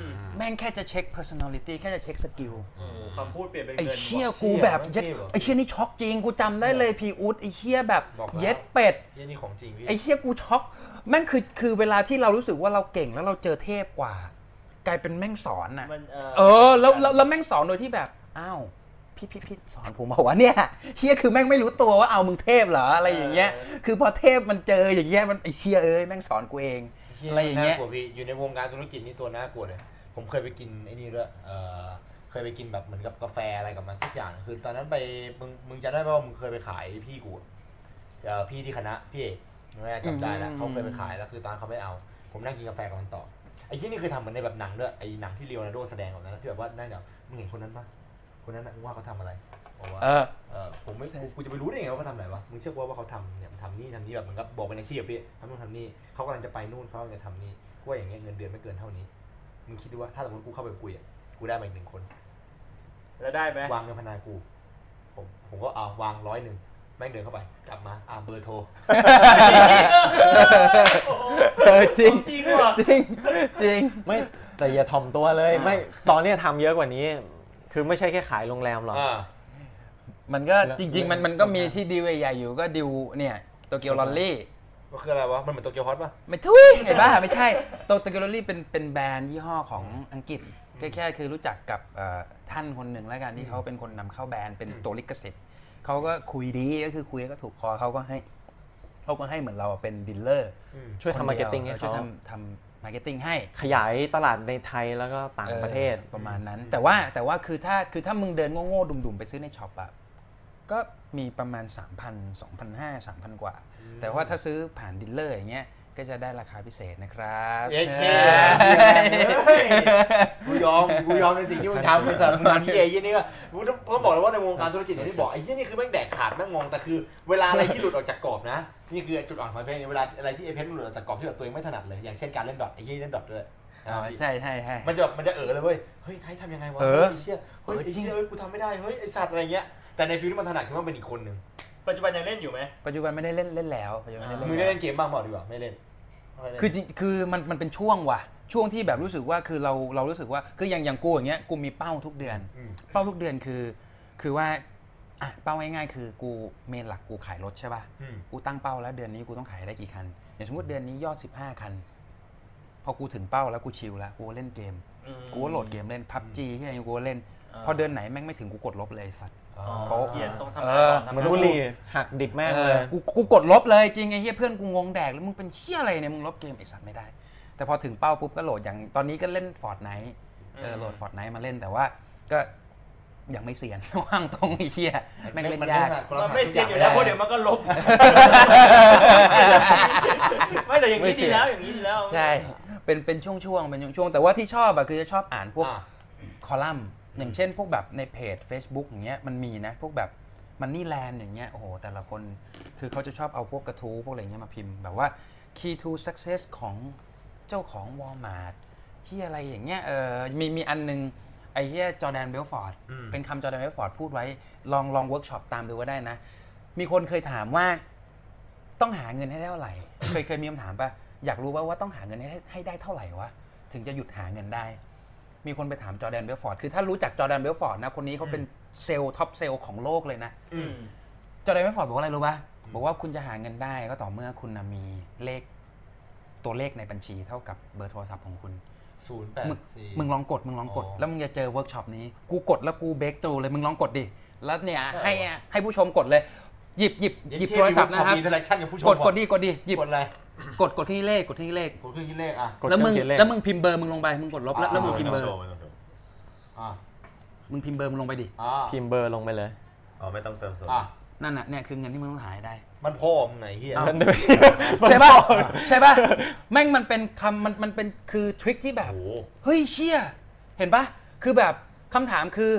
Speaker 1: อ
Speaker 2: ม
Speaker 4: อแม่งแค่จะเช็ค personality แค่จะเช็คสกิล
Speaker 2: โอ้โหคำพูดเปลี่ยนเป็น
Speaker 4: ไอ้
Speaker 2: เงิน
Speaker 4: เชี่ย
Speaker 2: ว่ะ
Speaker 4: กูแบบเย็ดไอ้เชี่ยนี่ช็อกจริง กูจำได้เลยพีอุดไอ้เชี่ยแบบเย็ดเป็ด
Speaker 1: เหี้ยนี่ของจริงพี่
Speaker 4: ไอ้เฮียกูช็อกแม่งคือคือเวลาที่เรารู้สึกว่าเราเก่งแล้วเราเจอเทพกว่า กลายเป็นแม่งสอนอ่ะ
Speaker 2: มัน
Speaker 4: เออแล้วแล้วแล้วแม่งสอนโดยที่แบบอ้าวพี่พี่พี่สอนผมบอกว่าเนี่ยเฮียคือแม่งไม่รู้ตัวว่าเอามึงเทพเหรออะไรอย่างเงี้ย คือพอเทพมันเจออย่างเงี้ยมันไอ้เฮียเอ้ยแม่งสอนกูเองอะไรอย่างเงี้ย
Speaker 1: น่ากลัวพี่อยู่ในวงการธุรกิจนี่ตัวน่ากลัวเลย ผมเคยไปกินไอ้นี่ด้วยเออเคยไปกินแบบเหมือนกับกาแฟอะไรกับมันสักอย่าง คือตอนนั้นไปมึงมึงจะได้ป่าวว่ามึงเคยไปขายพี่กูอะเอ่อพี่ที่คณะพี่เอกไม่น่าจำได้แล้ว
Speaker 4: อืม
Speaker 1: เขาเคยไปขายแล้วคือตอนนนเขาไม่เอา ผมนั่งกินกาแฟกับมันต่อไอ้ที่นี่เคยทำเหมือนในแบบหนังด้วยไอ้หนังที่เลโอนาร์โดแสดงแบบนั้นนะที่แบบว่านั่งเนี่ยมึงเห็นคนนั้นปะคนนั้นนะว่าเขาทำอะไรบอกว่า
Speaker 4: เออ
Speaker 1: เออผมไม่กูกูจะไปรู้ได้ไงว่าเขาทำอะไรวะ มึงเชื่อกูว่าว่าเขาทำเนี่ยมันทำนี่ทำนี่แบบเหมือนกับบอกเป็นอาชีพอะพี่ทำนู่นทำนี่เขากำลังจะไปนู่นเขากำลังจะทำนี่กูว่าอย่างเงี้ยเงินเดือนไม่เกินเท่านี้ มึงคิดดูว่าถ้าสมมติกูเข้าไปคุยอ่ะกูได้มาอีกหนึ่งคน
Speaker 2: แล้วได้ไหม
Speaker 1: วางเงินพนันกู ผมผมก็เอาวางร้อยหนึ่งแม่งเดินเข้าไป กลับมาอ่าเบอร์โทร
Speaker 4: เออจริง
Speaker 2: จริงว่ะ
Speaker 4: จริงจริง
Speaker 9: ไม่แต่อย่าถ่อมตัวเลย
Speaker 4: อ่า
Speaker 9: ไม่ตอนเนี้ยทำเยอะกว่านี้ คือไม่ใช่แค่ขายโรงแรมหรอก
Speaker 1: อ่า
Speaker 4: มันก็
Speaker 9: แล้ว
Speaker 4: จริง ๆ มัน
Speaker 9: แล้ว
Speaker 4: มันก็มีที่ดีลใหญ่ๆอยู่ก็ดิวเนี่ยโตเกียวลอรี่
Speaker 1: ก็คืออะไรวะ มันเหมือนโตเกียวฮอตป่ะ
Speaker 4: ไม่ทุยไอ้บ้าไม่ใช่โตเกียวลอรี่เป็นเป็นแบรนด์ยี่ห้อของอังกฤษแค่แค่คือรู้จักกับเอ่อท่านคนหนึ่งแล้วกันที่เขาเป็นคนนำเข้าแบรนด์เป็นตัวลิขสิทธิ์เขาก็คุยดีก็คือคุยก็ถูกคอเขาก็ให้เขาก็ให้เหมือนเราเป็นดีลเลอร์
Speaker 9: ช่วยทำมาร์เก็ตติ้งให้
Speaker 4: ช่วย
Speaker 9: เขา
Speaker 4: ทำทำมาร์เก็ตติ้งให้
Speaker 9: ขยายตลาดในไทยแล้วก็ต่างประเทศ
Speaker 4: ออประมาณนั้น แต่ว่าแต่ว่าคือถ้าคือถ้ามึงเดินโง่ๆดุ่มๆ ไปซื้อในช็อปอะก็มีประมาณ 3,000 2,500 3,000 กว่า แต่ว่าถ้าซื้อผ่านดิลเลอร์อย่างเงี้ยก็จะได้ราคาพิเศษนะครับ
Speaker 1: เย้เย้
Speaker 4: เย้
Speaker 1: เฮ้ยกูยอมกูยอมในสิ่งที่มึงทำไอ้สัตว์มึงทำเหี้ยไอ้เหี้ยนี่ก็กูต้องบอกเลยว่าในวงการธุรกิจอย่างที่บอกไอ้เหี้ยนี่คือแม่งแดกขาดแม่งงงแต่คือเวลาอะไรที่หลุดออกจากกรอบนะนี่คือจุดอ่อนของไอ้เพชรเวลาอะไรที่ไอ้เพชรมันหลุดออกจากกรอบที่แบบตัวเองไม่ถนัดเลยอย่างเช่นการเล่นดอทไอ้เหี้ยเล่นดอทด้วย
Speaker 4: อ๋อใช่ใช่ใช่
Speaker 1: มันจะแบบมันจะเออเลยเว้ยเฮ้ยไทยทำยังไงวะ
Speaker 4: เออ
Speaker 1: ไอ้เหี้ยเฮ้ย
Speaker 4: เออ
Speaker 1: ไอ้
Speaker 4: จริง
Speaker 1: เหี้ยเฮ้ยกูทำไม่ได้เฮ้ยไอ้สัตว์อะไรเงี้ยแต่ในฟิลที่มันถนัดคือมันเป็นอีกคนหนึ่ง
Speaker 2: ปัจจุบันยังเล่นอยู่ไหม
Speaker 4: ปัจจุบันไม่ได้เล่นเล่นแล้วปัจจุบันไม่ได้
Speaker 1: มึง
Speaker 4: เล่น
Speaker 1: ได้
Speaker 4: แล้ว
Speaker 1: เล่นเกมบ้างเปล่าดีกว่าไม่เล่นไม่เล่น
Speaker 4: คือจริงคือมันมันเป็นช่วงว่ะ ช่วงที่แบบรู้สึกว่าคือเราเรารู้สึกว่าคืออย่างอย่างกูอย่างเงี้ยกูมีเป้าทุกเดือน
Speaker 1: อืม
Speaker 4: เป้าทุกเดือนคือ คือว่าอ่ะเป้าง่ายๆคือกูเมนหลักกูขายรถใช่ป่ะ
Speaker 1: อืม
Speaker 4: กูตั้งเป้าแล้วเดือนนี้กูต้องขายได้กี่คันอย่างสมมติเดือนนี้ยอด 15 คัน พอกูถึงเป้าแล้วกูชิลแล้วกูเล่นเกม กูก็โหลดเกมเล่นพับจีที่ไหนกูก็เล่น
Speaker 2: อ่า
Speaker 4: พอเดือนไหนแม่งไม่ถึงกูกดลบเลยไอ้สัตว์
Speaker 1: อ๋อ
Speaker 4: โป๊ะ
Speaker 2: เขียนตรงทำ
Speaker 4: เอ
Speaker 2: ลาย
Speaker 4: อ
Speaker 2: ก่อนทำลาย
Speaker 9: เหมันบุหรี่หักดิบแม่ง
Speaker 4: เอ
Speaker 9: เล
Speaker 4: อย กูกูกดลบเลยจริงไอ้เหี้ยเพื่อนกูงงแดกแล้วมึงเป็นเหี้ยอะไรเนี่ยมึงลบเกมไอ้สัตว์ไม่ได้ แต่พอถึงเป้าปุ๊บก็โหลดอย่างตอนนี้ก็เล่นฟอร์ดไนท์เออโหลดฟอร์ดไนท์มาเล่นแต่ว่าก็ยังไม่เสียน ว่างตรงไอ้เหี้ยแม่งเล่นยาก
Speaker 1: มั
Speaker 2: มั
Speaker 1: ถ
Speaker 2: น
Speaker 1: ด
Speaker 2: ไม่
Speaker 1: ทุก
Speaker 2: เสีย
Speaker 1: อาง
Speaker 2: อยู่แล้วเพราะเดี๋ยวมันก็ลบ ไม่แต่อย่างนี้ดีแล้วอย่างนี้ดีแล้ว
Speaker 4: ใช่เป็นเป็นช่วงๆเป็นช่วงๆแต่ว่าที่ชอบอะคือจะชอบอ่านพวก
Speaker 1: อ่า
Speaker 4: คอลัมน์อย่างเช่น พวกแบบในเพจ Facebook อย่างเงี้ยมันมีนะพวกแบบมันนี่แลนด์อย่างเงี้ยโอ้โหแต่ละคนคือเขาจะชอบเอาพวกกระทู้พวกอะไรเงี้ยมาพิมพ์ แบบว่า key to success ของเจ้าของ Walmart ที่อะไรอย่างเงี้ยเออมีมีอันหนึง ไอ้เหี้ยจอแดนเบลฟอร์ดเป็นคำจอแดนเบลฟอร์ดพูดไว้ ลองลองเวิร์กช็อปตามดูก็ได้นะ มีคนเคยถามว่า ต้องหาเงินให้ได้เท่าไหร่ เคยเคยมีคำถามปะอยากรู้ว่าว่าต้องหาเงินให้ให้ได้เท่าไหร่วะ ถึงจะหยุดหาเงินได้ มีคนไปถามจอร์แดนเบลฟอร์ด คือถ้ารู้จักจอร์แดนเบลฟอร์ดนะ คนนี้เขาเป็นเซลล์ท็อปเซลล์ของโลกเลยนะ จอร์แดนเวฟฟอร์ดบอกว่าอะไรรู้ป่ะบอกว่าคุณจะหาเงินได้ก็ต่อเมื่อคุณน่ะมีเลขตัวเลขในบัญชีเท่ากับเบอร์โทรศัพท์ของคุณ
Speaker 1: ศูนย์แปด
Speaker 4: มึง
Speaker 1: สี่
Speaker 4: มึงลองกดมึงลองกด
Speaker 1: อ๋อ
Speaker 4: แล้วมึงจะเจอเวิร์กช็อปนี้ กูกดแล้วกูเบรกตูเลยมึงลองกดดิ แล้วเนี่ยให้ให้ผู้ชมกดเลย หยิบหยิบหยิบโทรศัพท์นะครับ
Speaker 1: มี interaction กับผู้ชม
Speaker 4: กด
Speaker 1: ก่อน
Speaker 4: กดดิกดดิหยิบ
Speaker 1: กดอะไร
Speaker 4: กดกดที่เลขกดที่เลข
Speaker 1: กดเครื่องคิดเลขอ่ะ
Speaker 9: กด
Speaker 4: แล้วมึง
Speaker 9: เครื่อคิดเข
Speaker 4: แล้วมึงพิมพ์เบอร์มึงลงไปมึงกดลบแล้วแล้วมึงพิมพ์เบอร์
Speaker 1: อ่ะ
Speaker 4: มึงพิมพ์เบอร์มึงลงไปดิ
Speaker 1: อ่ะ
Speaker 9: พิมพ์เบอร์ลงไปเลย
Speaker 5: อ๋อไม่ต้องเติมโซ
Speaker 1: อ่ะ
Speaker 4: นั่นน่ะเนี่ยคือเงินที่มึงต้องหาให้ได้
Speaker 1: มันพ่อมึงไหนเฮีย
Speaker 4: อ้าว
Speaker 9: ใช่
Speaker 4: ใช่
Speaker 9: ป่ะ
Speaker 4: ป่ะใช่ป่ะแม่งมันเป็นคำมันมันเป็นคือทริคที่แบบ เฮ้ยเชี่ยเห็นป่ะคือแบบคำถามคือ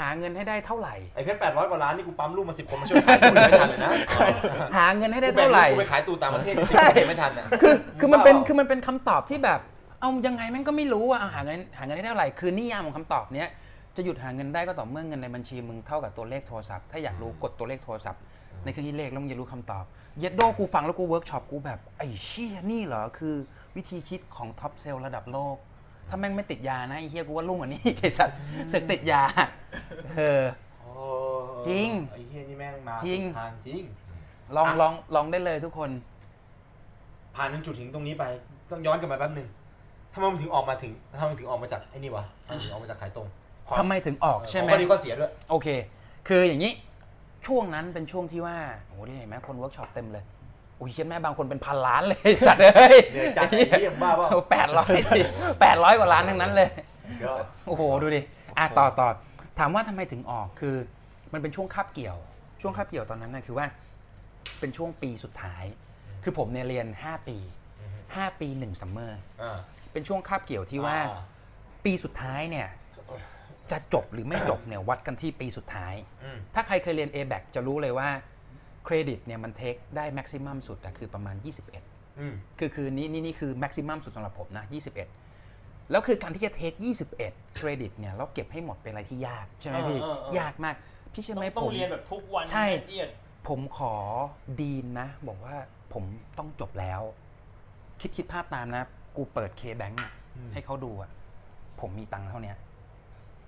Speaker 4: หาเงินให้ได้เท่าไหร่
Speaker 1: ไอ้เพชรแปดร้อยกว่าล้านนี่กูปั๊มลูกมาสิบคนมาช่วยขายตู้ไม่ทันเลยนะ
Speaker 4: หาเงินให้ได้เท่าไหร่
Speaker 1: กูแบ่งลูกกูไปขายตู้ตามประเทศ
Speaker 4: ใช่
Speaker 1: สิบคนไม่ทันนะ
Speaker 4: คือคือมันเป็นคือมันเป็นคำตอบที่แบบ เอายังไงแม่งก็ไม่รู้ว่าเอาหาเงินหาเงินได้เท่าไหร่คือนิยามของคำตอบเนี้ยจะหยุดหาเงินได้ก็ต่อเมื่อเงินในบัญชีมึงเท่ากับตัวเลขโทรศัพท์ถ้าอยากรู้กดตัวเลขโทรศัพท์ ในเครื่องคิดเลขแล้วมึงจะรู้คำตอบ เย็ดโดกูฟังแล้วกูเวิร์กช็อปกูแบบไอ้เชี่ยนี่เหรอคือวิธีคิดของท็อปเซลล์ระดับโลก ถ้าแม่งไม่ติดยานะไอ้เฮียกูว่าลุ่งกว่านี้ ไอ้สัตว์เสกติดยา เออ
Speaker 1: โอ้
Speaker 4: จริง
Speaker 1: ไอ้เฮียนี่แม่งมา
Speaker 4: จริง
Speaker 1: ผ่านจริง
Speaker 4: ลองลองลองได้เลยทุกคน
Speaker 1: ผ่านจนจุดถึงตรงนี้ไป ต้องย้อนกลับมาแป๊บหนึ่งทำไมมึงถึงออกมาถึงทำไมมึงถึงออกมาจากไอ้นี่วะทำไมถึงออกมาจากขายตรง
Speaker 4: ทำไมถึงออกใช่ไหม
Speaker 1: ข้อดีข้อเสียด้วย
Speaker 4: โอเค คืออย่างนี้ ช่วงนั้นเป็นช่วงที่ว่า โอ้โหนี่เห็นไหมคนเวิร์กช็อปเต็มเลย อุ้ยเห็นไหมบางคนเป็นพันล้านเลย สัตว์เอ้ย
Speaker 1: เหนื่อยจังไอ้เหี้ยบ้าเปล่า
Speaker 4: แปดร้อยสิแปดร้อยกว่าล้านทั้งนั้นเลย
Speaker 1: เดี๋ยว
Speaker 4: โอ้โห ดูดิ อ่ะ ต่อต่อ ถามว่าทำไมถึงออก คือ มันเป็นช่วงคาบเกี่ยว ช่วงคาบเกี่ยวตอนนั้นนะคือว่า เป็นช่วงปีสุดท้าย คือผมเนี่ยเรียน 5 ปี 5 ปี1ซัมเมอร์
Speaker 1: อ่า
Speaker 4: เป็นช่วงคาบเกี่ยวที่ว่า
Speaker 1: อ่
Speaker 4: ปีสุดท้ายเนี่ย จะจบหรือไม่จบเนี่ยวัดกันที่ปีสุดท้าย
Speaker 1: อืม
Speaker 4: ถ้าใครเคยเรียน a b a c จะรู้เลยว่าเครดิตเนี่ยมันเทคได้แม็กซิมัมสุดอะคือประมาณ 21
Speaker 1: อืม
Speaker 4: คือคือนี่นี่นี่คือแม็กซิมัมสุดสำหรับผมนะ 21 แล้วคือการที่จะเทค 21 เครดิตเนี่ยเราเก็บให้หมดเป็นอะไรที่ยาก ใช่ไหม
Speaker 2: เออ
Speaker 4: พี่
Speaker 2: เออเออ
Speaker 4: ยากมาก พี่เชื่อไหม
Speaker 2: ต้อ
Speaker 4: ผ
Speaker 2: ง
Speaker 4: ม
Speaker 2: เรียนแบบทุกวัน
Speaker 4: ใช่
Speaker 2: ละเอียด
Speaker 4: ผมขอดีนนะ บอกว่าผมต้องจบแล้ว คิดคิดภาพตามนะ กูเปิด K-Bank เนี่ยให้เขาดูอะผมมีตังค์เท่าเนี้ย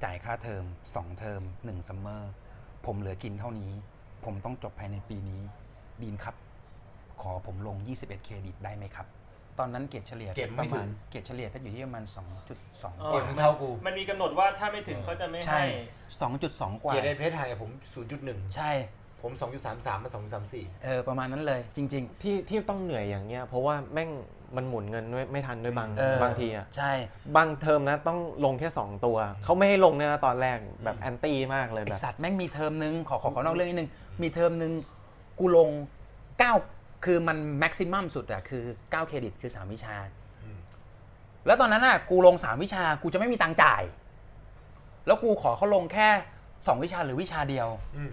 Speaker 4: จ่ายค่าเทอมสองเทอมหนึ่งซัมเมอร์ ผมเหลือกินเท่านี้ ผมต้องจบภายในปีนี้ ดีนครับ ขอผมลง 21 เครดิตได้ไหมครับ ตอนนั้นเกรดเฉลี่ย
Speaker 1: เก็บ
Speaker 4: ป
Speaker 1: ไม่
Speaker 4: ระ
Speaker 1: ถึ
Speaker 4: มาณ
Speaker 1: ง
Speaker 4: เกรดเฉลี่ยเพชรอยู่ที่ประมาณ 2.2
Speaker 2: เออ
Speaker 1: เก็บไม่เท่ากู
Speaker 2: มันมีกำหนดว่าถ้าไม่ถึงเขาจะไม่ใ
Speaker 4: ใช่
Speaker 2: ห้
Speaker 4: 2.2 กว่า
Speaker 1: เกียรติไอ้เพชรห่างกับผมศูนย์จุดหนึ่ง
Speaker 4: ใช่
Speaker 1: ผมสองจุดสามสามมาสองจุดสามสี่
Speaker 4: เออประมาณนั้นเลยจริง
Speaker 9: ที่ที่ต้องเหนื่อยอย่างเงี้ย เพราะว่าแม่งมันหมุนเงินไม่ไม่ทันด้วยบาง
Speaker 4: เออ
Speaker 9: บางทีอ่ะ
Speaker 4: ๆ ใช่
Speaker 9: บางเทอมนะต้องลงแค่ 2 ตัว เขาไม่ให้ลงเนี่ยนะตอนแรกแบบแอนตี้มากเลย
Speaker 4: ไอ
Speaker 9: แบบ
Speaker 4: สัตว์แม่งมีเทอมนึง ขอขอขอนอกเรื่องนิดนึง มีเทอมนึง กูลง 9 คือมันแม็กซิมัมสุดอะคือ 9 เครดิตคือ 3 วิชา
Speaker 1: อืม
Speaker 4: แล้วตอนนั้นอะกูลง 3 วิชากูจะไม่มีตังค์จ่าย แล้วกูขอเขาลงแค่ 2 วิชาหรือวิชาเดียว
Speaker 1: อืม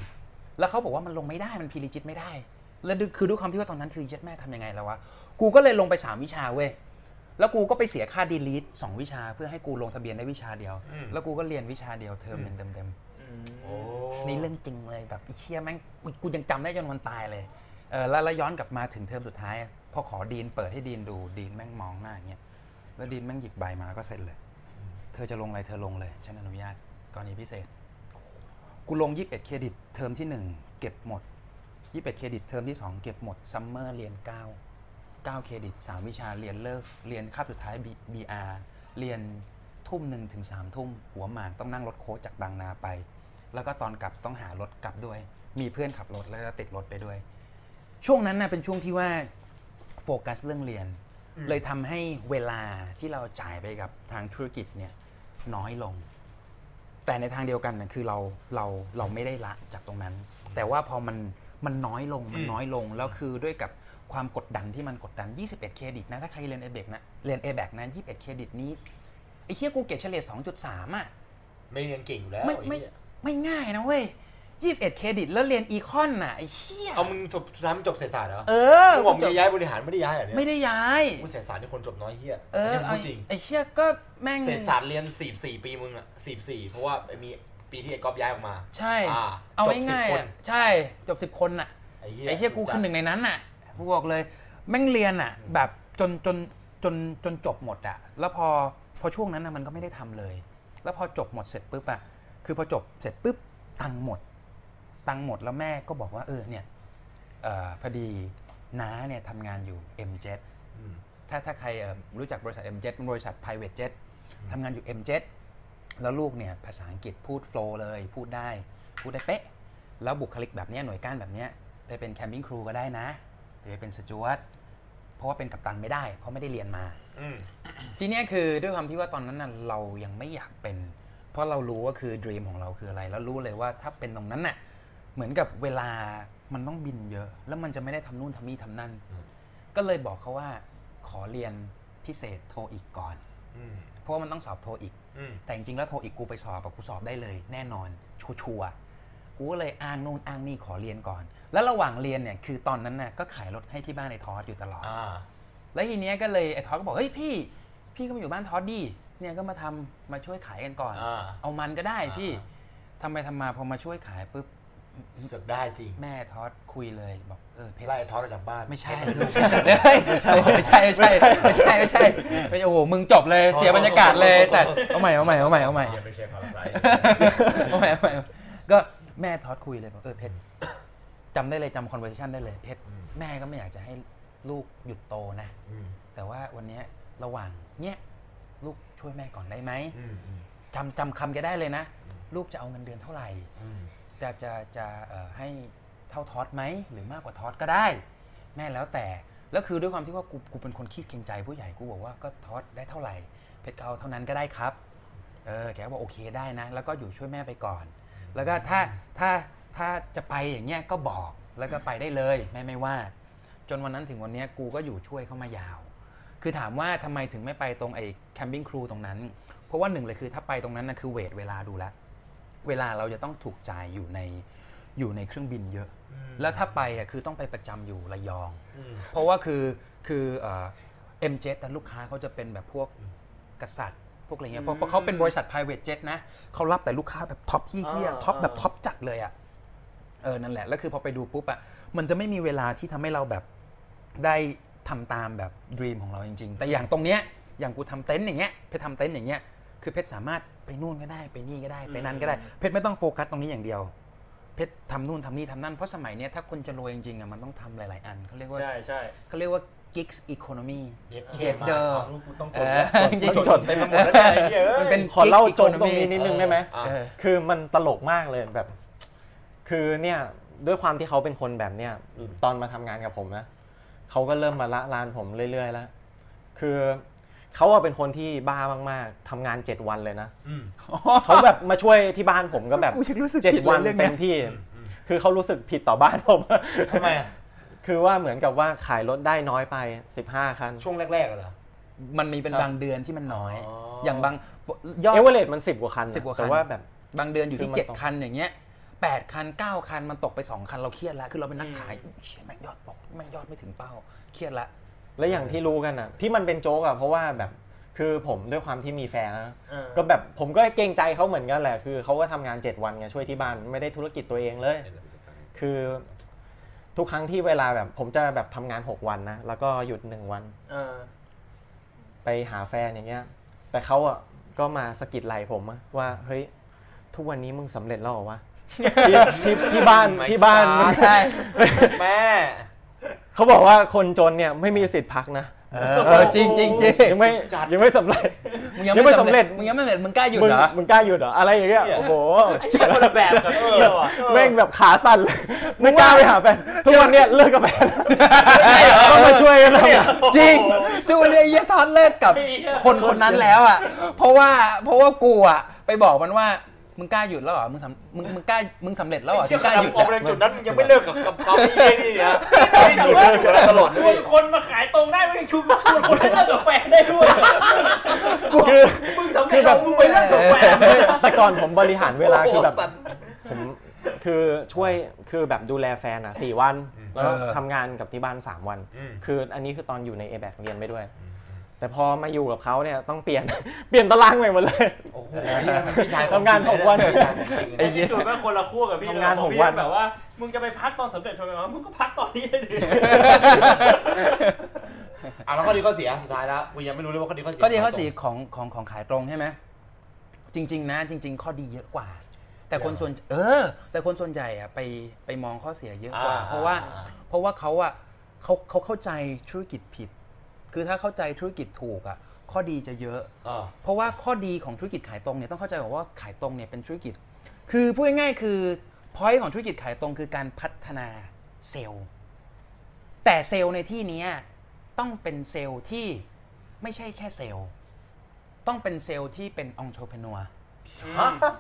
Speaker 4: แล้วเขาบอกว่ามันลงไม่ได้มันพีริจิตไม่ได้ แล้วดูคือด้วยความที่ว่าตอนนั้นคือยัดแม่ทำยังไงแล้ววะ กูก็เลยลงไป 3 วิชาเว้ย แล้วกูก็ไปเสียค่าดีลีทสองวิชาเพื่อให้กูลงทะเบียนได้วิชาเดียว
Speaker 1: อืม
Speaker 4: แล้วกูก็เรียนวิชาเดียวเทอมหนึ่งเต็มๆ
Speaker 1: โอ้
Speaker 4: นี่เรื่องจริงเลยแบบไอีเชี่ยแม่งกูกูยังจำได้จนวันตายเลยเออแล้วแล้วย้อนกลับมาถึงเทอมสุดท้ายอะพอขอดีนเปิดให้ดีนดูดีนแม่งมองหน้าอย่างเงี้ยแล้วดีนแม่งหยิบใบมาแล้วก็เซ็นเลย เธอจะลงอะไรเธอลงเลยฉันอนุญาตกรณีพิเศษ กูลง 21 เครดิตเทอมที่ 1 เก็บหมด 21 เครดิตเทอมที่ 2 เก็บหมดซัมเมอร์เรียน 9 9 เครดิต 3 วิชาเรียนเลิก เรียนคาบสุดท้าย B- BR เรียนทุ่มหนึ่งถึงสามทุ่ม หัวหมากต้องนั่งรถโค้ชจากบางนาไป แล้วก็ตอนกลับต้องหารถกลับด้วย มีเพื่อนขับรถแล้วก็ติดรถไปด้วย ช่วงนั้นนะเป็นช่วงที่ว่าโฟกัสเรื่องเรียน เลยทำให้เวลาที่เราจ่ายไปกับทางธุรกิจเนี่ยน้อยลง แต่ในทางเดียวกันนะคือเราเราเราไม่ได้ละจากตรงนั้น แต่ว่าพอมันมันน้อยลงมันน้อยลงแล้วคือด้วยกับความกดดันที่มันกดดัน 21 เครดิตนะถ้าใครเรียน a b a c นะเรียน a b a c นะ 21 เครดิตนี้ไอ้เคียกูเกรดเฉลี่ย2.3 อ่ะ
Speaker 1: ไม่เรียนเก่งอยู่แล้ว
Speaker 4: ไม่ไม่
Speaker 1: อ้เหี้ย
Speaker 4: ไม่ง่ายนะเว้ย 21 เครดิตแล้วเรียนอีคอนน่ะไอ้เหี้ย
Speaker 1: เอามึงจบสุดท้ายมึงจบเศรษฐศาสตร์เหรอ
Speaker 4: เออ
Speaker 1: มึงบอกมึงจะย้ายบริหารไม่ได้ย้ายเหรอเนี่ย
Speaker 4: ไม่ได้ย้าย
Speaker 1: มึงเศรษฐศาสตร์นี่คนจบน้อยเฮีย
Speaker 4: เออ
Speaker 1: นี่พูดจริง
Speaker 4: ไอ้เหี้ยก็แม่ง
Speaker 1: เศรษฐศาสตร์เรียน 44 ปีมึงอะ44 เพราะว่ามีปีที่ไอ้ก๊อฟย้ายออกมา
Speaker 4: ใช่
Speaker 1: อ่า
Speaker 4: เอา
Speaker 1: จบ
Speaker 4: ง่า
Speaker 1: 10
Speaker 4: ยๆ
Speaker 1: คน
Speaker 4: อ่ะใช่จบสิบคนน่ะ
Speaker 1: ไอ้เ
Speaker 4: ไอ้
Speaker 1: หี้
Speaker 4: เหี้ยกูคือหนึ่งในนั้นน่ะกูบอกเลย แม่งเรียนอ่ะ แบบจนจนจนจนจบหมดอ่ะ แล้วพอพอช่วงนั้นนะมันก็ไม่ได้ทำเลย แล้วพอจบหมดเสร็จปุ๊บอ่ะคือพอจบเสร็จปุ๊บตังค์หมด ตังค์หมดแล้วแม่ก็บอกว่าเออเนี่ยเออพอดีน้าเนี่ยทำงานอยู่ M7 ถ้าถ้าใครเอ่อรู้จักบริษัท M7 เป็นบริษัท private jet ทำงานอยู่ M7 แล้วลูกเนี่ยภาษาอังกฤษพูดโฟลว์เลยพูดได้ พูดได้เป๊ะ แล้วบุคลิกแบบเนี้ยหน่วยก้านแบบเนี้ยไปเป็นแคมปิ้งครูก็ได้นะ หรือไปเป็นสจวตเพราะว่าเป็นกัปตันไม่ได้ เพราะไม่ได้เรียนมา
Speaker 1: อืม
Speaker 4: ทีเนี้ยคือด้วยความที่ว่าตอนนั้นน่ะเรายังไม่อยากเป็น เพราะเรารู้ว่าคือดีมของเราคืออะไร แล้วรู้เลยว่าถ้าเป็นตรงนั้นน่ะเหมือนกับเวลามันต้องบินเยอะ แล้วมันจะไม่ได้ทำนู่นทำนี่ทำนั่น ก็เลยบอกเขาว่าขอเรียนพิเศษโทอีกก่อน
Speaker 1: อืม
Speaker 4: เพราะว่ามันต้องสอบโทอีก
Speaker 1: อืม
Speaker 4: แต่จริงๆแล้วโทอีกกูไปสอบอะกูสอบได้เลย แน่นอนชัวร์ๆกูก็เลยอ้างนู่นอ้างนี่ขอเรียนก่อน แล้วระหว่างเรียนเนี่ยคือตอนนั้นน่ะก็ขายรถให้ที่บ้านไอ้ทอสอยู่ตลอด
Speaker 1: อ่า
Speaker 4: แล้วทีเนี้ยก็เลยไอ้ทอสก็บอกเฮ้ยพี่ พี่ก็มาอยู่บ้านทอสดีเนี่ยก็มาทำมาช่วยขายกันก่อน
Speaker 1: อ่า
Speaker 4: เอามันก็ได้
Speaker 1: อ่า
Speaker 4: พี่ทำไปทำมาพอมาช่วยขายปุ๊บ
Speaker 1: เสือกได้จริง
Speaker 4: แม่ทอสคุยเลยบอกเออเพชร
Speaker 1: ไล่ทอดออกจากบ้าน
Speaker 4: ไม่ใช่ไม่ ใช่ไม่ใช่ไม่ใช่ไม่ใช่ไม่ใช่ไม่ใช่โอ้โหมึงจบ เลยเสียบรรยากาศเลยสัตว์เอาใหม่เอาใหม่เอาใหม่เอาใหม่
Speaker 5: อย่าไปเชียร์พาราไซต์
Speaker 4: เอาใหม่เอาใหม่ก็แม่ทอดคุยเลยบอกเออเพชรจำได้เลยจำคอนเวอร์ชันได้เลยเพชร
Speaker 1: อืม
Speaker 4: แม่ก็ไม่อยากจะให้ลูกหยุดโตนะ
Speaker 1: อืม
Speaker 4: แต่ว่าวันเนี้ยระหว่างเนี้ยลูกช่วยแม่ก่อนได้ไหม
Speaker 1: อืมอืม
Speaker 4: จำจำคำแกได้เลยนะ ลูกจะเอาเงินเดือนเท่าไหร่
Speaker 1: อืม
Speaker 4: จะจะจะเอ่อให้เท่าทอดไหมหรือมากกว่าทอดก็ได้ แม่แล้วแต่แล้วคือด้วยความที่ว่ากูกูเป็นคนขี้เกรงใจผู้ใหญ่กูบอกว่าก็ทอดได้เท่าไหร่ เพชรก็เอาเท่านั้นก็ได้ครับเออแกก็บอกโอเคได้นะ แล้วก็อยู่ช่วยแม่ไปก่อน แล้วก็ถ้าถ้าถ้าจะไปอย่างเงี้ยก็บอกแล้วก็ไปได้เลยแม่ไม่ว่า จนวันนั้นถึงวันเนี้ยกูก็อยู่ช่วยเขามายาว คือถามว่าทำไมถึงไม่ไปตรงไอ้แคมปิ้งครูตรงนั้น เพราะว่าหนึ่งเลยคือถ้าไปตรงนั้นนะคือเวทเวลาดูแล้ว เวลาเราจะต้องถูกจ่ายอยู่ในอยู่ในเครื่องบินเยอะ แล้วถ้าไปอ่ะคือต้องไปประจำอยู่ระยอง เพราะว่าคือคือเอ็มเจ็ตลูกค้าเขาจะเป็นแบบพวกกษัตริย์ พวกอะไรเงี้ยเพราะเพราะเขาเป็นบริษัท private jet นะเขารับแต่ลูกค้าแบบท็อปเฮี้ย
Speaker 13: อ่า
Speaker 4: ๆท็อปแบบท็อปจัดเลยอ่ะเออนั่นแหละ แล้วคือพอไปดูปุ๊บอ่ะมันจะไม่มีเวลาที่ทำให้เราแบบได้ทำตามแบบดีมของเราจริง ๆ แต่อย่างตรงเนี้ยอย่างกูทำเต็นท์อย่างเงี้ยเพชรทำเต็นท์อย่างเงี้ยคือเพชรสามารถไปนู่นก็ได้ไปนี่ก็ได้ไปนั่นก็ได้เพชรไม่ต้องโฟกัสตรงนี้อย่างเดียว เพชรทำนู่นทำนี่ทำนั่นเพราะสมัยเนี้ยถ้าคนจะรวยจริงๆอ่ะมันต้องทำหลาย ๆ อันเขาเรียกว่า
Speaker 2: ใช่ใช่
Speaker 4: เขาเรียกว่า gigs economy
Speaker 1: เย็ด
Speaker 4: เย็ดเดอร์
Speaker 1: ลูกกูต้องจ
Speaker 4: เอ
Speaker 1: ด
Speaker 4: อ
Speaker 1: จ
Speaker 4: จริง
Speaker 1: ด
Speaker 4: ๆ
Speaker 1: จดเต็มไปหมดแล้วเนี่ยไอ้เหี้ยเอ้ย
Speaker 4: มันเป็น
Speaker 9: ขอเล่า
Speaker 4: gigs
Speaker 9: โจมตรง
Speaker 4: economy
Speaker 9: นี้นิดนึงได้ไหม
Speaker 1: อ่ะ
Speaker 4: เออ
Speaker 9: คือมันตลกมากเลยแบบ คือเนี่ยด้วยความที่เขาเป็นคนแบบเนี้ยตอนมาทำงานกับผมนะเขาก็เริ่มมาละลานผมเรื่อยๆแล้วคือเขาอะเป็นคนที่บ้ามากๆทำงานเจ็ดวันเลยนะ
Speaker 1: อืม
Speaker 9: เขาแบบมาช่วยที่บ้านผมก็แบบ
Speaker 13: กูยังรู้สึก
Speaker 9: เจ็ด
Speaker 13: ผิดเลย
Speaker 9: วัน
Speaker 13: เรื่องเนี้
Speaker 9: เต็
Speaker 13: ย
Speaker 9: มที่ คือเขารู้สึกผิดต่อบ้านผม
Speaker 1: ทำไมอ่ะ
Speaker 9: คือว่าเหมือนกับว่าขายรถได้น้อยไป 15 คัน
Speaker 1: ช่วงแรกๆอะเหรอ
Speaker 4: มันมีเป็นบางเดือนที่มันน้อย
Speaker 1: อ๋อ
Speaker 4: อ
Speaker 1: อ
Speaker 4: ย่างบางยอด
Speaker 9: เอเวอเรสต์มัน 10 กว่าคัน
Speaker 4: 10กว่าคัน
Speaker 9: แต่ว่าแบบ
Speaker 4: บางเดือนอยู่
Speaker 9: คื
Speaker 4: ที่
Speaker 9: อมันตก
Speaker 4: 7 คันอย่างเงี้ย8คัน 9 คันมันตกไป 2 คันเราเครียดแล้ว คือเราเป็นนักขายเชี่ยแม่งยอดตกแม่งยอดไม่ถึงเป้า เครียดละ
Speaker 9: และอย่างที่รู้กันอ่ะ ที่มันเป็นโจ๊กอ่ะเพราะว่าแบบคือผมด้วยความที่มีแฟนนะ
Speaker 2: เออ
Speaker 9: ก็แบบผมก็เกรงใจเขาเหมือนกันแหละ คือเขาก็ทำงาน 7 วันไงช่วยที่บ้านไม่ได้ธุรกิจตัวเองเลย คือทุกครั้งที่เวลาแบบผมจะแบบทำงาน 6 วันนะแล้วก็หยุด 1 วัน
Speaker 2: เออ
Speaker 9: ไปหาแฟนอย่างเงี้ย แต่เขาอ่ะก็มาสะกิดไหล่ผมอะว่าเฮ้ยทุกวันนี้มึงสำเร็จแล้วเหรอวะ ที่ที่ที่บ้านที่บ้านมึง
Speaker 4: ใช่
Speaker 1: แม่
Speaker 9: เขาบอกว่าคนจนเนี่ยไม่มีสิทธิ์พัก นะ
Speaker 4: เออเออจริงจริงจริง
Speaker 9: ยังไม่ยังไม่สำเร็จ
Speaker 4: มึงยัง
Speaker 9: ยังไม่
Speaker 4: ไม่สำ
Speaker 9: สำเร็
Speaker 4: เร็จ
Speaker 9: จ
Speaker 4: มึงยังไม่สำเร็จมึงกล้าหยุด
Speaker 9: มึง
Speaker 4: เหรอ
Speaker 9: มึงกล้าหยุดเหรอ อะไรอย่างเงี้ย โอ้โห
Speaker 2: คนละแบบกับเที่ยวอ่ะ
Speaker 9: แม่งแบบขาสั่นเลยไม่กล้าไปหาแฟน ทุกวันเนี้ยเลิกกับแฟ นต้องมาช่วยกันเนี่ย
Speaker 4: จริงทุกวันนี้ไอ้เหี้ยทอดเลิกกับ
Speaker 2: ไอ้เหี้ย
Speaker 4: คนคนนั้นแล้วอ่ะ เพราะว่าเพราะว่ากูอ่ะไปบอกมันว่ามึงกล้าหยุดแล้วเหรอมึงสำมึงมึงกล้ามึงสำเร็จแล้วเหรอถึงกล้าหยุด
Speaker 1: ออกไป
Speaker 4: อะ
Speaker 1: จากจุดนั้นมึงยังไม่เลิกกับกับเขาไอ้เหี้ยนี่นะไม่จุดนั้นอยู่แล้วตลอด
Speaker 2: ช
Speaker 1: ด้ว
Speaker 2: วย นคนมาขายตรงได้ไม่ชุมชวนคนให้เลิกกับแฟนได้ด้วย
Speaker 9: คือ
Speaker 2: มึงสำเร็จแล้วมึงไปเลิกกับแฟน
Speaker 9: แต่ก่อนผมบริหารเวลาคือแบบ ผมคือช่วยคือแบบดูแลแฟนอ่ะสี่วัน แล้วก็ทำงานกับที่บ้านสามวัน
Speaker 1: อืม
Speaker 9: คืออันนี้คือตอนอยู่ใน a b a c เรียนไปด้วย แต่พอมาอยู่กับเขาเนี่ยต้องเปลี่ยน เปลี่ยนตารางใหม่หมดเลย
Speaker 1: โอ้โหไอ้เหี้ยมันพี่ชาย
Speaker 9: ทำงานหกวัน
Speaker 4: ไอ้เหี้ย
Speaker 2: จุดว่าคนละขั้วกับพี่
Speaker 9: ทำงาน
Speaker 2: เลย
Speaker 9: หก
Speaker 2: ผม
Speaker 9: วัน
Speaker 2: แบบว่า มึงจะไปพักตอนสำเร็จทำไมวะมึงก็พักตอนนี้เลยดิ
Speaker 1: อ่ะแล้วข้อดีข้อเสียสุดท้ายแล้วกูยังไม่รู้เลยว่าข้อดีข้อเสีย
Speaker 4: ก็ดีข้อสีของของของขายตรงใช่ไหมจริง ๆ นะ จริง ๆ ข้อดีเยอะกว่า แต่คนส่วนเออ แต่คนส่วนใหญ่อะไปไปมองข้อเสียเยอะกว่า
Speaker 1: อ่า
Speaker 4: เพราะว่าเพราะว่าเขาอะเขาเขาเข้าใจธุรกิจผิด คือถ้าเข้าใจธุรกิจถูกอะข้อดีจะเยอะ
Speaker 1: อ่า
Speaker 4: เพราะว่าข้อดีของธุรกิจขายตรงเนี่ยต้องเข้าใจก่อนว่าขายตรงเนี่ยเป็นธุรกิจ คือพูดง่ายๆคือพอยต์ของธุรกิจขายตรงคือการพัฒนาเซลล์ แต่เซลล์ในที่เนี้ยต้องเป็นเซลล์ที่ไม่ใช่แค่เซลล์ ต้องเป็นเซลล์ที่เป็นองค์ e น e n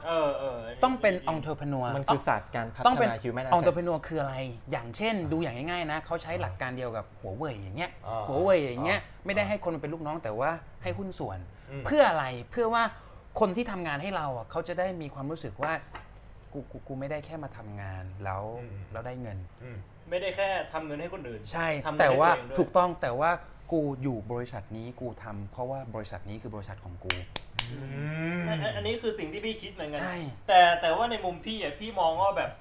Speaker 2: เออเออ
Speaker 4: ต้องเป็นองค์ e น e n
Speaker 9: มันคือศาสตร์การพัฒ
Speaker 4: ต้องเป็น
Speaker 9: นาคิวแม่
Speaker 4: องค์ e น e n คืออะไร อย่างเช่น ดูอย่างง่ายๆนะเขาใช้หลักการเดียวกับหัวเว่ยอย่างเงี้ย
Speaker 1: อ่า
Speaker 4: หัวเว่ยอย่างเงี้ยไม่ได้ให้คนเป็นลูกน้องแต่ว่าให้หุ้นส่วน เพื่ออะไรเพื่อว่าคนที่ทำงานให้เราอ่ะเขาจะได้มีความรู้สึกว่ากูกูกูไม่ได้แค่มาทำงานแล้วแล้วได้เงิน
Speaker 2: ไม่ได้แค่ทำเงินให้คนอื่น
Speaker 4: ใช่
Speaker 2: ทำเงิน
Speaker 4: แต่ว่า
Speaker 2: ให้ตัวเองด้วย
Speaker 4: ถูกต้องแต่ว่ากูอยู่บริษัทนี้กูทำเพราะว่าบริษัทนี้คือบริษัทของกู
Speaker 2: อันอันอันนี้คือสิ่งที่พี่คิดเหมือนกั
Speaker 4: ใช่
Speaker 2: แต่แต่ว่าในมุมพี่อ่ะพี่มองว่าแบบ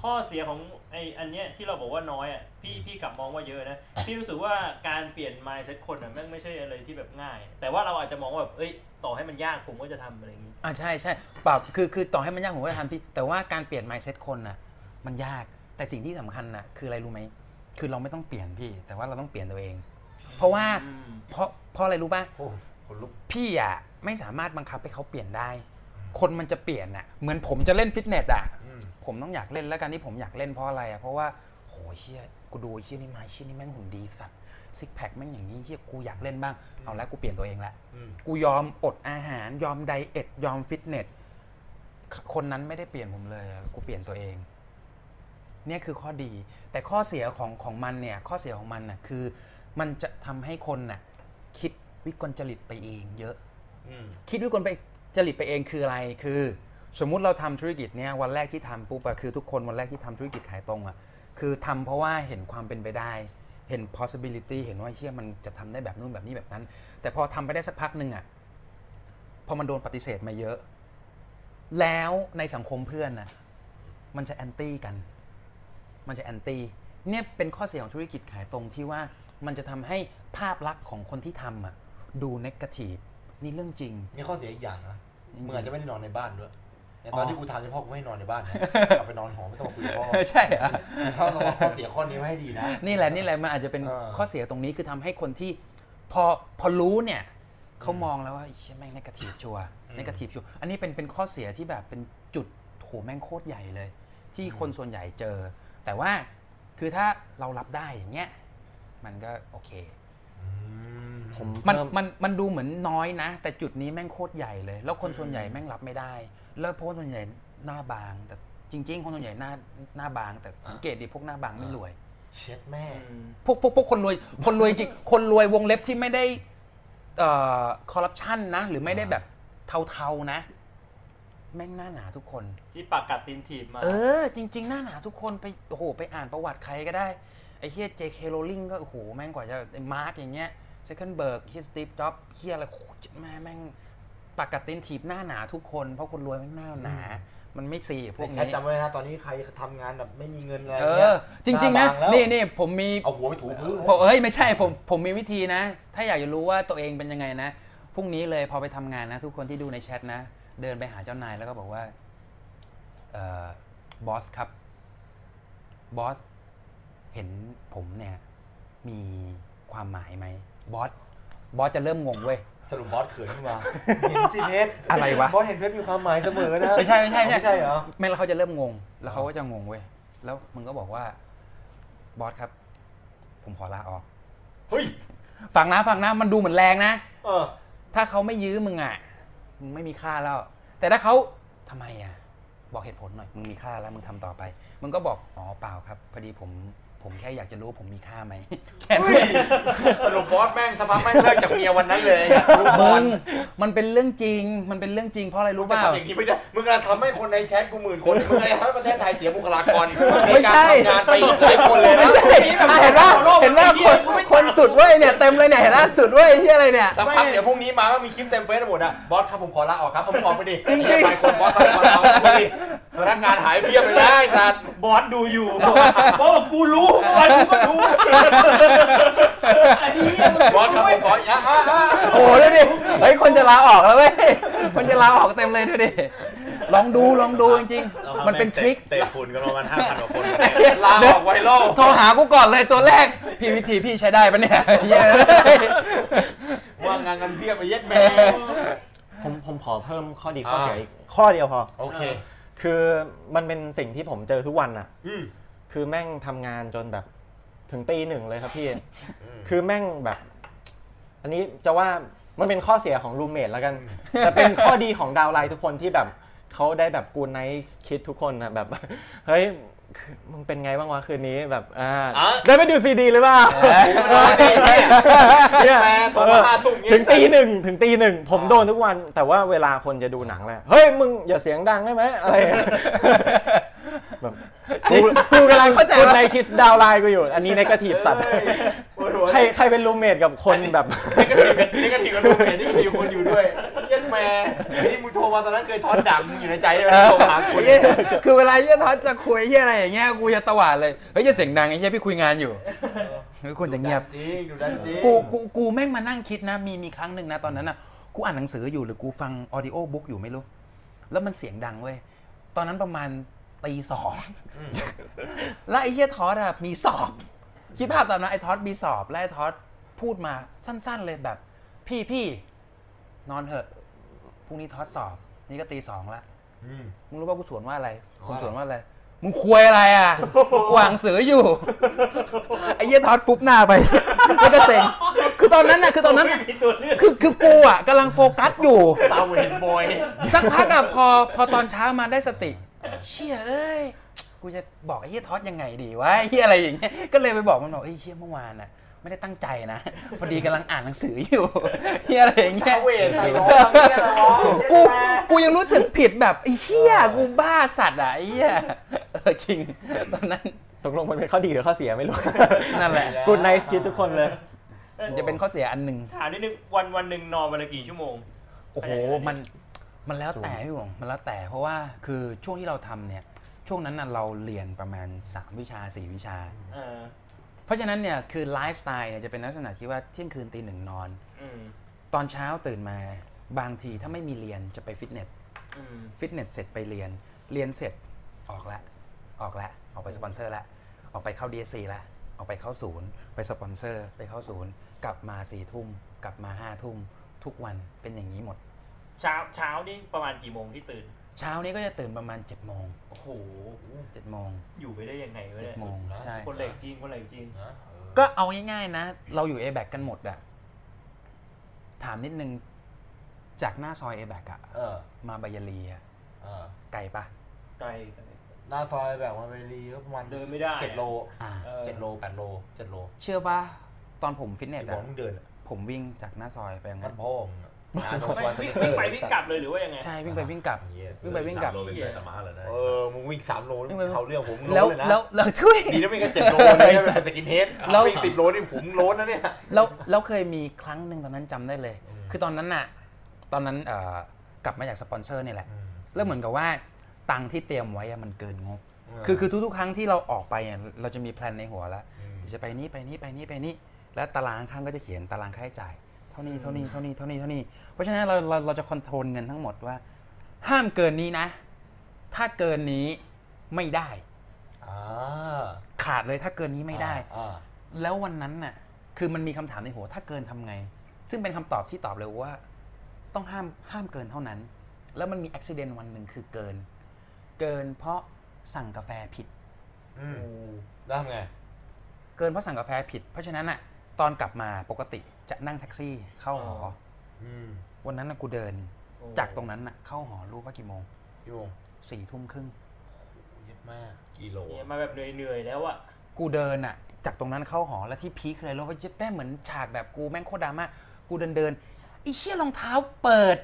Speaker 2: ข้อเสียของไออันเนี้ยที่เราบอกว่าน้อยอ่ะพี่พี่กลับมองว่าเยอะนะ พี่รู้สึกว่าการเปลี่ยน mindset คนอ่ะแม่งไม่ใช่อะไรที่แบบง่าย แต่ว่าเราอาจจะมองว่าแบบเอ้ยต่อให้มันยากผมก็จะทำอะไรอย่างงี้
Speaker 4: อ่าใช่ใช่เปล่าคือคือต่อให้มันยากผมก็จะทำพี่แต่ว่าการเปลี่ยน mindset คนน่ะมันยากแต่สิ่งที่สำคัญน่ะคืออะไรรู้ไหมคือเราไม่ต้องเปลี่ยนพี่ แต่ว่าเราต้องเปลี่ยนตัวเอง เพราะว่า
Speaker 2: อืม
Speaker 4: เพราะเพราะอะไรรู้ป่ะ
Speaker 1: โอ้คนลุก
Speaker 4: พี่อะไม่สามารถบังคับให้เขาเปลี่ยนได้ คนมันจะเปลี่ยนอะเหมือนผมจะเล่นฟิตเนสอะ
Speaker 1: อืม
Speaker 4: ผมต้องอยากเล่นแล้วกันที่ผมอยากเล่นเพราะอะไรอะเพราะว่าโหเชี่ยกูดูไอ้เชี่ยนี่มาไอ้เชี่ยนี่แม่งหุ่นดีสัตว์ซิกแพคแม่งอย่างนี้เชี่ยกูอยากเล่นบ้างเอาละกูเปลี่ยนตัวเองละกูยอมอดอาหาร ยอมไดเอทยอมฟิตเนสคนนั้นไม่ได้เปลี่ยนผมเลยอะกูเปลี่ยนตัวเอง เนี่ยคือข้อดี แต่ข้อเสียของของมันเนี่ย ข้อเสียของมันน่ะคือมันจะทำให้คนน่ะคิดวิกลจริตไปเองเยอะ คิดวิกลไปจริตไปเองคืออะไร คือ สมมุติเราทำธุรกิจเนี่ยวันแรกที่ทำปุ๊บอะคือทุกคนวันแรกที่ทำธุรกิจขายตรงอะคือทำเพราะว่าเห็นความเป็นไปได้ เห็น possibility เห็นว่าเฮียมันจะทำได้แบบนู่นแบบนี้แบบนั้น แต่พอทำไปได้สักพักหนึ่งอะพอมันโดนปฏิเสธมาเยอะ แล้วในสังคมเพื่อนนะมันจะแอนตี้กัน มันจะแอนตี้เนี่ยเป็นข้อเสียของธุรกิจขายตรงที่ว่ามันจะทำให้ภาพลักษณ์ของคนที่ทำอะดูเนกาทีฟนี่เรื่องจริง
Speaker 1: นี่ข้อเสียอีกอย่างนะ
Speaker 4: อืม
Speaker 1: มึงอาจจะไม่ได้นอนในบ้านด้วยอย่างตอน
Speaker 4: อ๋อ
Speaker 1: ที่กูทำเฉพาะกูไม่ให้นอนใน บ้านนะกลับไปนอนหอไม่ต้องคุยกับพ่อ
Speaker 4: เออ ใช่เหรอะ
Speaker 1: ถ้าเราว่าข้อเสียข้อนี้ไว้ให้ดีนะ
Speaker 4: นี่แหละนี่แหละมันอาจจะเป็น
Speaker 1: เออ
Speaker 4: ข้อเสียตรงนี้คือทำให้คนที่พอพอรู้เนี่ยเขามองแล้วว่าไอ้เชี่ยแม่งนกาทีฟชัวในกาทีฟชัวร์อันนี้เป็นเป็นข้อเสียที่แบบเป็นจุดโหแม่งโคตรใหญ่เลย ที่คนส่วนใหญ่เจอ แต่ว่าคือถ้าเรารับได้อย่างเงี้ยมันก็โอเค
Speaker 9: ผม
Speaker 4: มัน
Speaker 9: เพิ่
Speaker 4: มันมันดูเหมือนน้อยนะ แต่จุดนี้แม่งโคตรใหญ่เลย แล้วคนส่วนใหญ่แม่งรับไม่ได้ แล้วเพราะคนส่วนใหญ่หน้าบาง แต่จริง ๆ คนส่วนใหญ่หน้าหน้าบาง แต่สังเกตดิพวกหน้าบางไม่รวย
Speaker 1: เช็ดแม่
Speaker 4: พวกพวกพวกคนรวยคนรวยจริง คนรวยวงเล็บที่ไม่ได้เอ่อคอร์รัปชันนะ หรือไม่ได้แบบเทาๆนะ แม่งหน้าหนาทุกคน
Speaker 2: ที่ปากกัดตีนถีบมา
Speaker 4: เออ จริง ๆ หน้าหนาทุกคนไปโอ้โหไปอ่านประวัติใครก็ได้ ไอ้เฮีย JK Rowling ก็โอ้โห แม่งกว่าจะมาร์กอย่างเงี้ยเซคันเบิร์กเฮียสตีฟจ็อบเฮียอะไรโคตรแม่แม่งปากกัดตีนถีบหน้าหนาทุกคน เพราะคนรวยแม่งหน้าหนา มันไม่สีพวก
Speaker 1: แชท
Speaker 4: นี้
Speaker 1: จำไว้นะตอนนี้ใครทำงานแบบไม่มีเงินอะไร
Speaker 4: เอ
Speaker 1: เงี้
Speaker 4: อ
Speaker 1: ย
Speaker 4: จริง ๆ นะ
Speaker 1: หาบาแล้ว
Speaker 4: นี่นี่ผมมี
Speaker 1: เอาหัวไปถูพื้น
Speaker 4: ผมเอ้ยไม่ใช่ผมผมมีวิธีนะ ถ้าอยากจะรู้ว่าตัวเองเป็นยังไงนะพรุ่งนี้เลยพอไปทำงานนะ ทุกคนที่ดูในแชทนะ เดินไปหาเจ้านายแล้วก็บอกว่าเอ่อบอสครับบอสเห็นผมเนี่ย มีความหมายไหมบอสบอสจะเริ่มงงเว้ย
Speaker 1: สรุปบอสเขินขึ้นมาเห็นสิเพชร
Speaker 4: อะไรวะ
Speaker 1: บอสเห็นเพชรมีความหมายเสมอนะ
Speaker 4: ไม่ใช่ไม่ใช่ไม่ใช่
Speaker 1: ไม่ใช่เหรอ
Speaker 4: ไม่แล้วเขาจะเริ่มงง แล้วเขาก็จะงงเว้ยแล้วมึงก็บอกว่าบอสครับ ผมขอลาออก
Speaker 1: เฮ้ย
Speaker 4: ฟังนะฟังนะมันดูเหมือนแรงนะ
Speaker 1: เออ
Speaker 4: ถ้าเขาไม่ยื้อมึงอ่ะ มึงไม่มีค่าแล้ว แต่ถ้าเขาทำไมอ่ะ บอกเหตุผลหน่อย มึงมีค่าแล้วมึงทำต่อไป มึงก็บอก อ๋อเปล่าครับ พอดีผมผมแค่อยากจะรู้ว่าผมมีค่า ไหม แค่นั้น
Speaker 1: สรุปบอสแม่งสภาพกแม่งเลิกจากเมียวันนั้นเลยอะ
Speaker 4: มึงมันเป็นเรื่องจริง มันเป็นเรื่องจริงเพราะอะไรรู้เปล่า
Speaker 1: ทำอย่างนี้ไม่ได้มึงกำลังทำให้คนในแชทกูหมื่นคนมึงเลยทำให้ประเทศไทยเสียบุคลากร
Speaker 4: ไม่ใช่
Speaker 1: นการทำงานไปหลายคนเลย
Speaker 4: ไม่
Speaker 1: นะ
Speaker 4: ใช่อ่ะเห็นว่าเห็นว่าคนคนสุดเว้ยเนี่ยเต็มเลยเนี่ยเห็นว่าสุดเว้ยที่อะไรเนี่ย
Speaker 1: สักพักเดี๋ยวพรุ่งนี้มาก็มีคลิปเต็มเฟซหมดอ่ะบอสครับผมขอลาออกครับเอาผมออกไปดิ
Speaker 4: จริงๆ
Speaker 1: หลายคนบอสครับขอลาออกไปดิพนักงานหายเพียบเลยนะไอ้สัตว์
Speaker 2: บอสดูอยู่ บอสบอกกูรู้บอสกูก็รู้ไอ้เหี้ยมัน
Speaker 1: บอสครับผมขออย่าอ่าอ่า
Speaker 4: โอ้โหดูดิเฮ้ยคนจะลาออกแล้วเว้ยคนจะลาออกเต็มเลยดูดิ ลองดูลองดูจริงๆ มันเป็นทริค
Speaker 5: เตะฝุ่นกันประมาณห้าพันกว่าคน
Speaker 14: ลาออกไวรัล
Speaker 4: โทรหากูก่อนเลยตัวแรก พี่วิธีพี่ใช้ได้ปะเนี่ยเย้ย
Speaker 1: ว่างานกันเพียบไปเย็ดแมว
Speaker 9: ผมผมขอเพิ่มข้อดีข้อเสีย
Speaker 1: อ่า
Speaker 9: อีกข้อเดียวพอ
Speaker 1: โอเค
Speaker 9: คือมันเป็นสิ่งที่ผมเจอทุกวันอะ
Speaker 1: อืม
Speaker 9: คือแม่งทำงานจนแบบถึงตีหนึ่งเลยครับพี่
Speaker 1: อืม
Speaker 9: คือแม่งแบบ อันนี้จะว่ามันเป็นข้อเสียของรูเมทแล้วกัน แต่เป็นข้อดีของดาวไลน์ทุกคนที่แบบเขาได้แบบกูไนท์คิดทุกคนนะแบบ เฮ้ยคือมึงเป็นไงบ้างวะคืนนี้แบบอ่า
Speaker 1: อ่ะ
Speaker 9: ได้ไปดูซีดีหรือเปล่า เนี่ย
Speaker 1: โทรมาห้าทุ่มเงี้ย
Speaker 9: ถึงตีหนึ่งถึงตีหนึ่งผมโดนทุกวัน แต่ว่าเวลาคนจะดูหนังแหละเฮ้ย มึงอย่าเสียงดังได้ไหมอะไรแบบกูกูกำลัง
Speaker 4: เข้าใจ
Speaker 9: คน
Speaker 4: ว่า
Speaker 9: ในคิดดาวน์ไลน์กูอยู่ อันนี้ในกระถีบสัตว์ ใครใครเป็นรูมเมทกับคนแบบ
Speaker 1: นี่ก็ถือว่าดูเห็นนี่ก็ถือคนอยู่ด้วยเย็ดแม่นี่มึงโทรมาตอนนั้นเคยทอนดังมึงอยู่ในใจใช่ไหมโทรหาคุ
Speaker 4: เย้ยคือเวลาเยี่ยทอดจะคุยเยี่ยอะไรอย่างเงี้ยกูจะตวาดเลยเฮ้ยจะเสียงดังไอ้เยี่ยพี่คุยงานอยู่เฮ้ยควรจะเงียบ
Speaker 1: จริงดูดันจริง
Speaker 4: กูกูกูแม่งมานั่งคิดนะ มีมีครั้งหนึ่งนะตอนนั้นนะกูอ่านหนังสืออยู่หรือกูฟังออดิโอบุ๊กอยู่ไม่รู้ แล้วมันเสียงดังเว้ย ตอนนั้นประมาณตีสอง แล้วไอ้เฮียทอสอะมีสอบ คิดภาพตามนะไอ้ทอสมีสอบ และไอ้ทอสพูดมาสั้นๆเลยแบบ พี่พี่นอนเถอะพรุ่งนี้ทอสสอบ นี่ก็ตีสองละมึงรู้ป่ะกูสวนว่าอะไรกูสวนว่าอะไร มึงควยอะไรอ่ะกูอ่านหนังสืออยู่ ไอ้เหี้ยทอดฟุบหน้าไป แล้วก็เซ็งคือตอนนั้นน่ะคือตอนนั้นน่ะคือคือกูอ่ะกำลังโฟกัสอยู่
Speaker 1: ตาเวนบอย
Speaker 4: สักพักอะพอพอตอนเช้ามาได้สติ เชี่ยเอ้ย กูจะบอกไอ้เฮียทอดยังไงดีวะไอ้เฮียอะไรอย่างเงี้ยก็เลยไปบอกมันบอกไอ้ยเฮียเมื่อวานน่ะ ไม่ได้ตั้งใจนะ พอดีกำลังอ่านหนังสืออยู่เฮียอะไรอย่างเงี้ย
Speaker 1: ตาเวนไอ้ร้องไอ้เหี้ยร้อง
Speaker 4: กูกูยังรู้สึกผิดแบบไอ้เฮียกูบ้าสัตว์อะไอ้เฮียเออจริงตอนนั้น
Speaker 9: ตกลงมันเป็นข้อดีหรือข้อเสียไม่ รู้
Speaker 4: นั่นแหละ
Speaker 9: กูไนท์คิดทุกคนเลย
Speaker 4: มันจะเป็นข้อเสียอันหนึ่ง
Speaker 2: ถามนิดนึงวันวันหนึ่งนอนวันละกี่ชั่วโมง
Speaker 4: โอ้โห มัน มันแล้วแต่พี่หวงมันแล้วแต่ เพราะว่า คือช่วงที่เราทำเนี่ย ช่วงนั้นน่ะเราเรียนประมาณ 3 วิชา 4 วิชา
Speaker 2: เออ
Speaker 4: เพราะฉะนั้นเนี่ย คือไลฟ์สไตล์เนี่ยจะเป็นลักษณะที่ว่าเที่ยงคืนตีหนึ่งนอน
Speaker 2: อืม
Speaker 4: ตอนเช้าตื่นมา บางทีถ้าไม่มีเรียนจะไปฟิตเนส
Speaker 2: อืม
Speaker 4: ฟิตเนสเสร็จไปเรียน เรียนเสร็จออกละ ออกละ ออกไปสปอนเซอร์ละ ออกไปเข้า DSC ละ ออกไปเข้าศูนย์ ไปสปอนเซอร์ ไปเข้าศูนย์ กลับมาสี่ทุ่ม กลับมาห้าทุ่ม ทุกวันเป็นอย่างนี้หมด
Speaker 2: เช้าเช้านี่ประมาณกี่โมงที่ตื่น
Speaker 4: เช้านี้ก็จะตื่นประมาณ7จ็ดโมง
Speaker 2: โอ้โห
Speaker 4: เจ็ดโมง
Speaker 2: อยู่ไปได้ยังไงวะ
Speaker 4: เจ็
Speaker 2: เนี่
Speaker 4: ด
Speaker 2: ย
Speaker 4: โมงใช่
Speaker 2: คนเหล็กจริง คนเหล็กจริง
Speaker 4: ก็เอาง่ายๆนะ เราอยู่ a b a c กันหมดอะถามนิดนึง จากหน้าซอย a b a c อะ
Speaker 1: เออ
Speaker 4: มาบายาลีอะ
Speaker 1: เออ
Speaker 4: ไกลปะ
Speaker 2: ไกล
Speaker 1: หน้าซอยแบบวันเวรีก็ประมาณ
Speaker 2: เดินไม่ได้
Speaker 1: เจ็ดโล
Speaker 4: อ่า
Speaker 1: เจ็ดโลแปดโลเจ็ดโล
Speaker 4: เชื่อปะตอนผมฟิตเน
Speaker 1: ไอ้
Speaker 4: ส
Speaker 1: บอ
Speaker 4: อะ
Speaker 1: ลมึงเดินอะ
Speaker 4: ผมวิ่งจากหน้าซอยไปยังไง
Speaker 1: มันพ่อมึงอะหาตรงซ
Speaker 2: ไม่
Speaker 1: อยส
Speaker 2: วิ่ง
Speaker 1: เตอ
Speaker 2: วิ่ง
Speaker 1: ร์
Speaker 2: ไปวิ่งกลับเลยหรือว่ายังไง
Speaker 4: ใช่วิ่งไปวิ่งกลับ วิ่งไปวิ่งกลับ
Speaker 5: สามโลเป็นไซตามะแล้วนะ
Speaker 1: เออมึงวิ่งสามโลนี่มึงเขาเรื่องผมมึง
Speaker 4: แล้ว
Speaker 1: โนเยนะ
Speaker 4: แล้ว แล้วทุย
Speaker 1: ดีนะไม่กันเจ็ดโลนะ
Speaker 4: ไอ้
Speaker 1: ไม่
Speaker 4: สัส
Speaker 1: เป็นสกินเฮด
Speaker 4: แล้ว
Speaker 1: วิ่งสิบโลนี่ผมโลนนะเนี่ย
Speaker 4: แล้วแล้วเคยมีครั้งหนึ่งตอนนั้นจำได้เลย คือตอนนั้นน่ะ ตอนนั้นเอ่อกลับมาจากสปอนเซอร์เนี่ยแหละ แล้วเหมือนกับว่าตังค์ที่เตรียมไว้อะมันเกินงบ คือคือทุกๆ ครั้งที่เราออกไปเนี่ยเราจะมีแพลนในหัวแล้วเดี๋ยวจะไปนี่ไปนี่ไปนี่ไปนี่ และตารางข้างก็จะเขียนตารางค่าใช้จ่ายเท่านี้เท่านี้เท่านี้เท่านี้เท่านี้ เพราะฉะนั้นเราเราเราจะคอนโทรลเงินทั้งหมดว่า ห้ามเกินนี้นะ ถ้าเกินนี้ไม่ได้
Speaker 1: อ่า
Speaker 4: ขาดเลยถ้าเกินนี้ไม่ได้
Speaker 1: อ่า
Speaker 4: แล้ววันนั้นน่ะ คือมันมีคำถามในหัวถ้าเกินทำไง ซึ่งเป็นคำตอบที่ตอบเลยว่า ต้องห้ามห้ามเกินเท่านั้น แล้วมันมีอุบิเหตุวันหนึ่งคือเกิน เกินเพราะสั่งกาแฟผิด
Speaker 1: อืมแล้วทำไง
Speaker 4: เกินเพราะสั่งกาแฟผิด เพราะฉะนั้นน่ะ ตอนกลับมาปกติจะนั่งแท็กซี่เข้าหอ
Speaker 1: อืม
Speaker 4: วันนั้นน่ะกูเดิน จากตรงนั้นน่ะเข้าหอรู้ว่ากี่โมง
Speaker 1: พี่วง
Speaker 4: สี่ทุ่มครึ่ง
Speaker 1: เย็ดมากกิโล
Speaker 2: เนี่ยมาแบบเหนื่อยๆแล้วอะ
Speaker 4: กูเดินอะจากตรงนั้นเข้าหอแล้วที่พีคเลยรู้ว่าเจ๊แม่งเหมือนฉากแบบกูแม่งโคตรดราม่ากูเดินเดินไอ้เชี่ยรองเท้าเปิด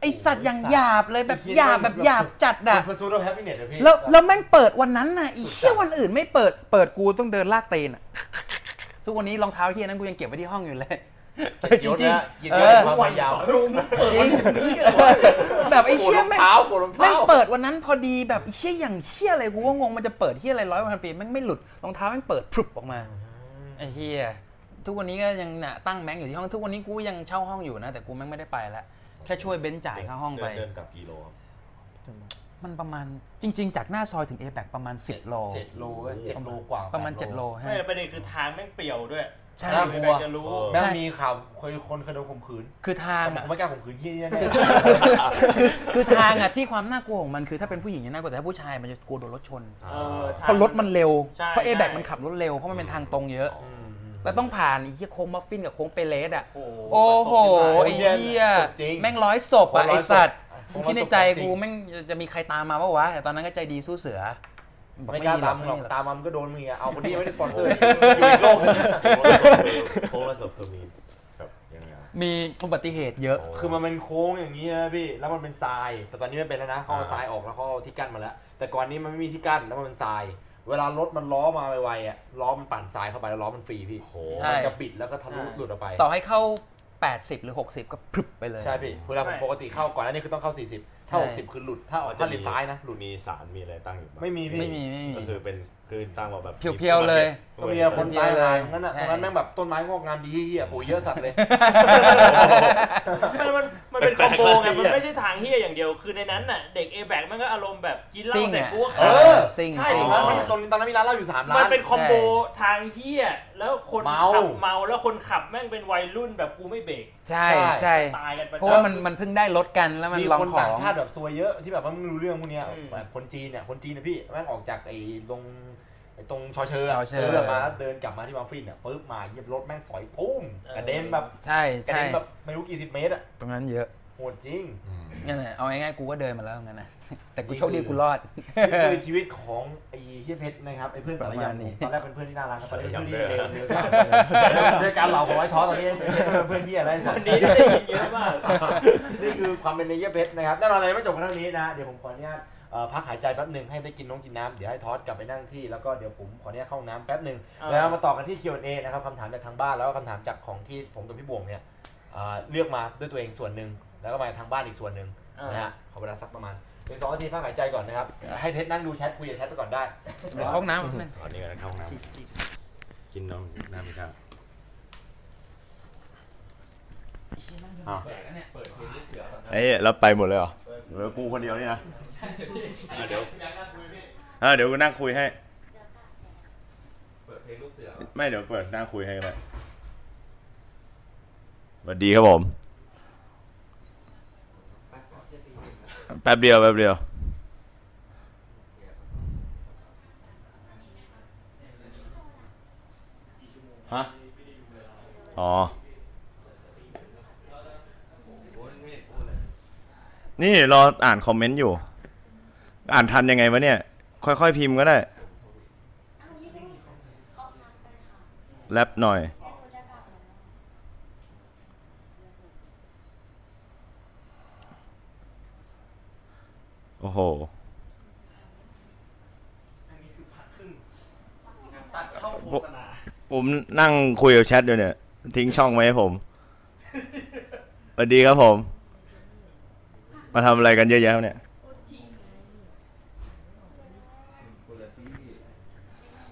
Speaker 4: ไอสัตว์อย่างหยาบเลยแบบ
Speaker 1: ไอ้เหี้ย
Speaker 4: หยาบแบบ
Speaker 1: แบบ
Speaker 4: หยาบจัดอะ
Speaker 1: เพอร์ซูดอแฮปปี้เน็ตนะพี่
Speaker 4: แล้วแล้วแม่งเปิดวันนั้นน่ะไอ้เชี่ยวันอื่นไม่เปิดเปิดกูต้องเดินลากเตนอะ ทุกวันนี้รองเท้าเฮียนั้นกูยังเก็บไว้ที่ห้องอยู่ เลยจ
Speaker 1: จ
Speaker 4: ริ
Speaker 1: ริ
Speaker 4: ง
Speaker 1: ง
Speaker 4: จ
Speaker 1: จ
Speaker 4: ริ
Speaker 1: ริ
Speaker 4: ง
Speaker 1: ง
Speaker 4: ๆเออ
Speaker 1: ความยาว
Speaker 4: จริงแบบไอ้เชี่ยแม่ง
Speaker 1: โกรธรองเท้าโกรธรองเท้า
Speaker 4: แม่งเปิดวันนั้นพอดีแบบไอ้เชี่ยอย่างเชี่ยอะไรกูก็งงมันจะเปิดเชี่ยอะไรร้อยวันพันปีแม่งไม่หลุดรองเท้าแม่งเปิดพรึบออกมาไอ้เชี่ยทุกวันนี้ก็ยังน่ะตั้งแม็กอยู่ที่ห้องทุกวันนี้กูยังเช่าห้องอยู่นะ แต่กูแม่งไม่ได้ไปละแค่ช่วยเบนซ์จ่ายค่าห้องไป
Speaker 5: เดินเดินกลับกิโลครับ
Speaker 4: มันประมาณจริง ๆ จากหน้าซอยถึงเอแบกประมาณ 10 โล
Speaker 1: เจ็ดโลเว้ยเจ็ดโลกว่า
Speaker 4: ประมาณ
Speaker 1: แด
Speaker 4: 7 โลฮะ
Speaker 2: ไม่แต่ประเด็นคือทางแม่งเปลี่ยวด้วย
Speaker 4: ใช่
Speaker 1: น่ากลัว
Speaker 2: จะรู้
Speaker 1: แม่งมีข่าวเคยคนเคยโดนข่มขืน
Speaker 4: คือทาง
Speaker 1: แต่ผม
Speaker 4: อะ
Speaker 1: ไม่กล้าข่มขืนที่นี่แน่
Speaker 4: คือคือทางอะที่ความน่ากลัวของมันคือถ้าเป็นผู้หญิงจะน่ากลัวแต่ถ้าผู้ชายมันจะกลัวโดนรถชน
Speaker 2: เออทง
Speaker 4: เพราะรถมันเร็ว
Speaker 2: ใช่
Speaker 4: เพราะเอแบก
Speaker 2: ใช่
Speaker 4: มันขับรถเร็วเพราะมันเป็นทางตรงเยอะ
Speaker 1: ๆอืม
Speaker 4: แล้วต้องผ่านไอ้เหี้ยโค้งมัฟฟินกับโค้งเปเลสอ่ะ
Speaker 2: โอ้โห
Speaker 4: โอ้โหไอ้เหี้ยแม่งร้อยศพอ่ะไอ้สัตว์
Speaker 1: ผมว่า
Speaker 4: คิดในใจ
Speaker 1: สกปร
Speaker 4: กูแม่งจะมีใครตามมาปะวะแต่ตอนนั้นก็ใจดีสู้เสือบอก
Speaker 1: ไม่กล้า
Speaker 4: หร
Speaker 1: ตาม
Speaker 4: อ
Speaker 1: มึงหรอก
Speaker 4: ไม่มีหรอก
Speaker 1: ตามมามันก็โดนมึงอ่ะเอาคนที่ไม่ได้สปอนเซอร์
Speaker 5: โค้งละศพก็มีครับยังไงอะ
Speaker 4: มีอุบัติเหตุเยอะ
Speaker 1: คือมันเป็นโค้งอย่างนี้นะพี่ แล้วมันเป็นทราย แต่ตอนนี้ไม่เป็นแล้วนะเขาเอาทรายออกแล้วเขาเอาที่กั้นมาแล้ว แต่ก่อนนี้มันไม่มีที่กั้นแล้วมันเป็นทราย เวลารถมันล้อมาไวๆอ่ะ ล้อมันปั่นทรายเข้าไปแล้วล้อมันฟรีพี่
Speaker 5: โอ้โห
Speaker 4: ใช่
Speaker 1: มันจะปิดแล้วก็ทะลุหลุดออกไป
Speaker 4: ต่อให้เข้า 80 หรือ 60 ก็พรึบไปเลย
Speaker 1: ใช่พี่ เวลาผมปกติเข้าก่อนแล้วนี่คือต้องเข้า 40 ถ้า
Speaker 4: ใช่
Speaker 1: 60 คือหลุด ถ้าออก
Speaker 5: จะ
Speaker 1: ถ้าหลุดซ้ายนะ หลุด
Speaker 5: มีสารมีอะไรตั้งอยู่บ้าง
Speaker 1: ไม่มีพี่
Speaker 4: ไม่มีไม่มี
Speaker 5: ก็คือเป็นคือตั้งมาแบบ
Speaker 4: เพียวๆเลย
Speaker 1: ก็มีแต่คนตายหาย
Speaker 4: ไม่มีเลย
Speaker 1: นั่นน่ะต
Speaker 4: ใช่
Speaker 1: รงนั้นแม่งแบบต้นไม้งอกงามดีเยี่ยปุ๋ยเยอะสัตว์เลย
Speaker 2: มันมันมันเป็นคอมโบไงมันไม่ใช่ทางเฮียอย่างเดียวคือในนั้นน่ะเด็กเอแบกมันก็อารมณ์แบบกินเหล้า
Speaker 4: ซิ่ง
Speaker 2: เสร็จ
Speaker 4: อ่ะ
Speaker 2: ปุ๊บ
Speaker 1: เออ
Speaker 4: ซิ่ง
Speaker 1: ใช่
Speaker 4: ซิ่
Speaker 1: ตรง งนั้นมันตรงนี้ตอนนั้นมีร้านเหล้าอยู่สามร้า
Speaker 2: มัน นเป็นคอมโบทางเฮียแล้วคน
Speaker 1: เมา
Speaker 2: ขับเมาแล้วคนขับแม่งเป็นวัยรุ่นแบบกูไม่เบรก
Speaker 4: ใช่
Speaker 1: ใช่
Speaker 4: ใช่
Speaker 2: ตายกันไป
Speaker 4: เพราะว่ามันมันเพิ่งได้รถกันแล้วมัน
Speaker 1: มี
Speaker 4: ลอง
Speaker 1: คน
Speaker 4: ขอ
Speaker 1: ต่าง
Speaker 4: ง
Speaker 1: ชาติแบบซวยเยอะที่แบบว่าไม่รู้เรื่องพวกเนี้ย
Speaker 2: อืม
Speaker 1: แบบคนจีนเนี่ยคนจีนนะพี่แม่งออกจากไอ้ตรงไอ้ตรงชอเชอร์ะ
Speaker 4: ชอเชอ
Speaker 1: ซื้มาแล้วเดินกลับมาที่บัฟฟินอ่ะปึ๊บมาเหยียบรถแม่งสอยปุ้มกระเด็นแบบ
Speaker 4: ใช่
Speaker 1: กระ
Speaker 4: ใช่
Speaker 1: เด็นแบบไม่รู้กี่สิบเมตรอ่ะ
Speaker 4: ตรงนั้นเยอะ
Speaker 1: โหดจริง
Speaker 4: นั่นแหละเอาง่ายๆกูก็เดินมาแล้วงั้นนะแต่กูโชคดีกูรอด
Speaker 1: นี่คือชีวิตของไอ้เฮียเพชรนะครับไอ้เพื่อนสาร
Speaker 4: ประ
Speaker 1: ยา
Speaker 4: มาณ
Speaker 1: น
Speaker 4: นี้
Speaker 1: ตอนแรกเป็นเพื่อนที่น่ารักครับตอนนี้เป็นเพื่อนที่เลวเลวสามเลยด้วยการเหล่าของไอ้ท้อตอนนี้ เป็นเพื่อนเฮียอะไรสัต
Speaker 2: วัน
Speaker 1: ว์
Speaker 2: นี้ได้ยินเยอะมาก
Speaker 1: นี่คือความเป็นเนเยอร์เพชรนะครับแน่นอนเลยไม่จบกันเท่านี้นะฮะเดี๋ยวผมขออนุญาตเอ่อพักหายใจแป๊บหนึ่งให้ได้กินน้องกินน้ำเดี๋ยวให้ทอสกลับไปนั่งที่แล้วก็เดี๋ยวผมขออนุญาตเข้าห้องน้ำแป๊บหนึ่ง
Speaker 2: อ่า
Speaker 1: แล้วมาต่อกันที่ Q&A นะครับคำถามจากทางบ้านแล้วก็คำถามจากของที่ผมกับพี่บวงเนี่ยเอ่อเลือกมาด้วยตัวเองส่วนหนึ่งแล้วก็มาทางบ้านอีกส่วนหนึ่งนะฮะขอเวลาสักประมาณหนึ่งสองนาทีพักหายใจก่อนนะครับให้เพชรนั่งดูแชทคุยกับแชทไปก่อนได้
Speaker 4: ไปเข้าห้องน้ำแป๊บนึง
Speaker 5: ตอนนี้กำลังเข้าห้องน้ำกินน้ำน้ำอีกครับเอ้ยแล้วไปหมดเลยเหรอเหลือกูคนเดียวนี่นะเดี๋ยวอ่ะเดี๋ยวกูนั่งคุยให้ไม่เดี๋ยวเปิดนั่งคุยให้ก็ได้สวัสดีครับผม แป๊บเดียวแป๊บเดียว ฮะ อ๋อ นี่รออ่านคอมเมนต์อยู่ อ่านทันยังไงวะเนี่ย ค่อยๆพิมพ์ก็ได้ แรปหน่อย โอ้โห ผมนั่งคุยกับแชทอยู่เนี่ย ทิ้งช่องไว้ให้ผม สวัสดีครับผม มาทำอะไรกันเยอะแยะเนี่ย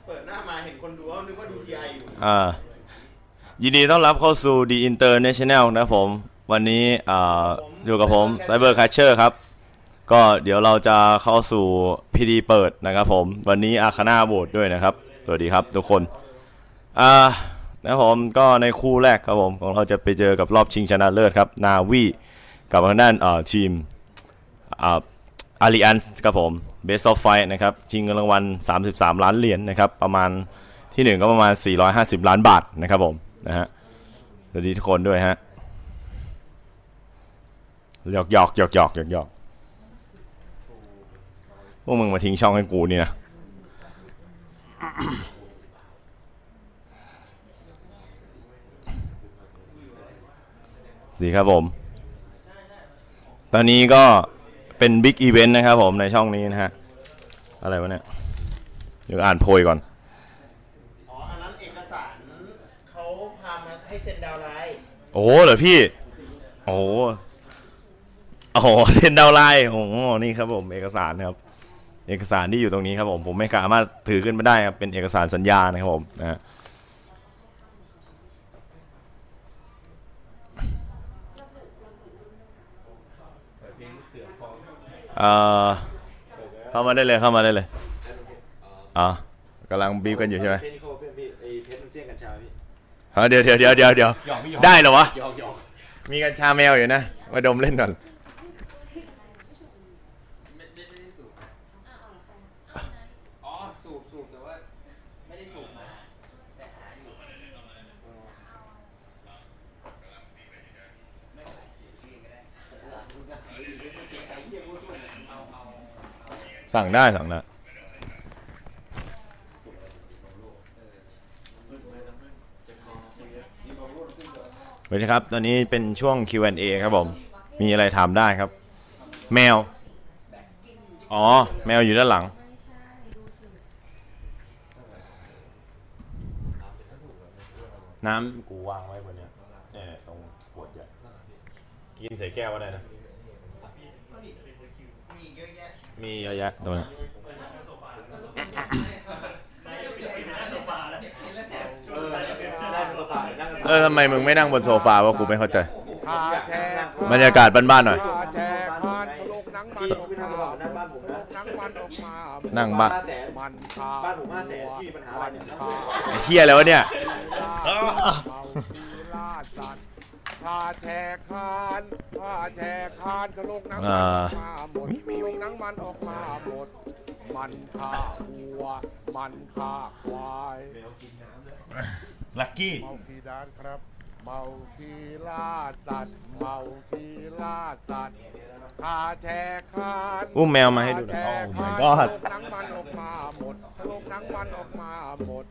Speaker 7: เปิดหน้ามาเห็นคนดูเขานึกว่าดูทีไออยู่
Speaker 5: อ่า ยินดีต้อนรับเข้าสู่ The International นะครับผม วันนี้อ่าอยู่กับผม Cyber Catcher ครับ ก็เดี๋ยวเราจะเข้าสู่ PD เปิดนะครับผม วันนี้อาคณาโบดด้วยนะครับ สวัสดีครับทุกคน อ่านะครับผมก็ในคู่แรกครับผม ของเราจะไปเจอกับรอบชิงชนะเลิศครับ นาวีกับทางด้านเอ่อทีมอ่า อาริอันครับผมเบสออฟไฟนะครับชิงเงินรางวัล 33 ล้านเหรียญนะครับ ประมาณทีหนึ่1 ก็ประมาณ 450 ล้านบาทนะครับผมนะฮะสวัสดีทุกคนด้วยฮะหยอกหยอกหยอกหยอกหยอกหยอกพวกมึงมาทิ้งช่องให้กูนี่นะ สีครับผม ตอนนี้ก็ เป็นบิ๊กอีเวนต์นะครับผมในช่องนี้นะฮะ อะไรวะเนี่ย เดี๋ยวอ่านโพยก่อน
Speaker 7: อ๋อ อันนั้นเอกสารเขาพามาให้เซ็นดาวน์ไลน์
Speaker 5: โอ้โหเหรอพี่ โอ้โหโอ้โหเซ็นดาวน์ไลน์โอ้โหนี่ครับผม เอกสารนะครับ เอกสารที่อยู่ตรงนี้ครับผม ผมไม่สามารถถือขึ้นมาได้ครับ เป็นเอกสารสัญญานะครับผมนะฮะ เอ่อเข้ามาได้เลยเข้ามาได้เลยอ๋อกำลังบีบกันอยู่ใช่ไหม
Speaker 1: เทนเขาเป็นพี่ไอเพชรมันเสี่ยงกัญชาพี่
Speaker 5: อ๋อเดี๋ยวเดี๋ยวเดี๋ยวเดี๋ยวเดี๋ยว
Speaker 1: หยอกพี่หยอก
Speaker 5: ได้เหรอวะ
Speaker 1: หยอกหยอก
Speaker 5: มีกัญชาแมวอยู่นะ มาดมเล่นก่อนสั่งได้สั่งได้ สวัสดีครับ ตอนนี้เป็นช่วง Q&A ครับผม มีอะไรถามได้ครับ แมว อ๋อ แมวอยู่ด้านหลัง น้ำกูวางไว้บนเนี้ยเนี่ยตรงขวดใหญ่กินใส่แก้วก็ได้นะ มีเยอะแยะตรงนี้น
Speaker 1: ได้เป็นตัวฝ่ายนั่ง
Speaker 5: เออทำไมมึงไม่นั่งบนโซฟาวะกูไม่เข้าใจ
Speaker 1: แทน
Speaker 5: บรรยากาศบ้านๆหน่อย
Speaker 15: แจกมันถลกหนังมัน
Speaker 1: พี่
Speaker 15: ออก
Speaker 1: พี่นั่ตัวฝ่ายนั่งบ้านผมนะ
Speaker 15: มางหนังมั
Speaker 5: นั่งบ้าน
Speaker 15: นออกมา
Speaker 1: แสน
Speaker 15: มันพา
Speaker 1: บ้านผมห้าแสนพี่มีปัญหาอะไรเนี่ย
Speaker 5: ไอ้เฮียแล้วะเนี่ย
Speaker 15: เมาดีล่าสัตว์พาแจกคานพาแจกคานถลกหนังมันออกมาหมดถลกหนังมันออกมาหมด มันฆ่าวัว มันฆ่าควาย
Speaker 5: ลักกี้
Speaker 15: เมาขี้ด้านครับ เมาขี้ล่าสัตว์เมาขี้ล่าสัตว์พาแจกคาน
Speaker 5: อุ้มแมวมาให้ดูหน่อย Oh my god
Speaker 15: หนังมันออกมาหมดโลกหนังมันออกมาหมด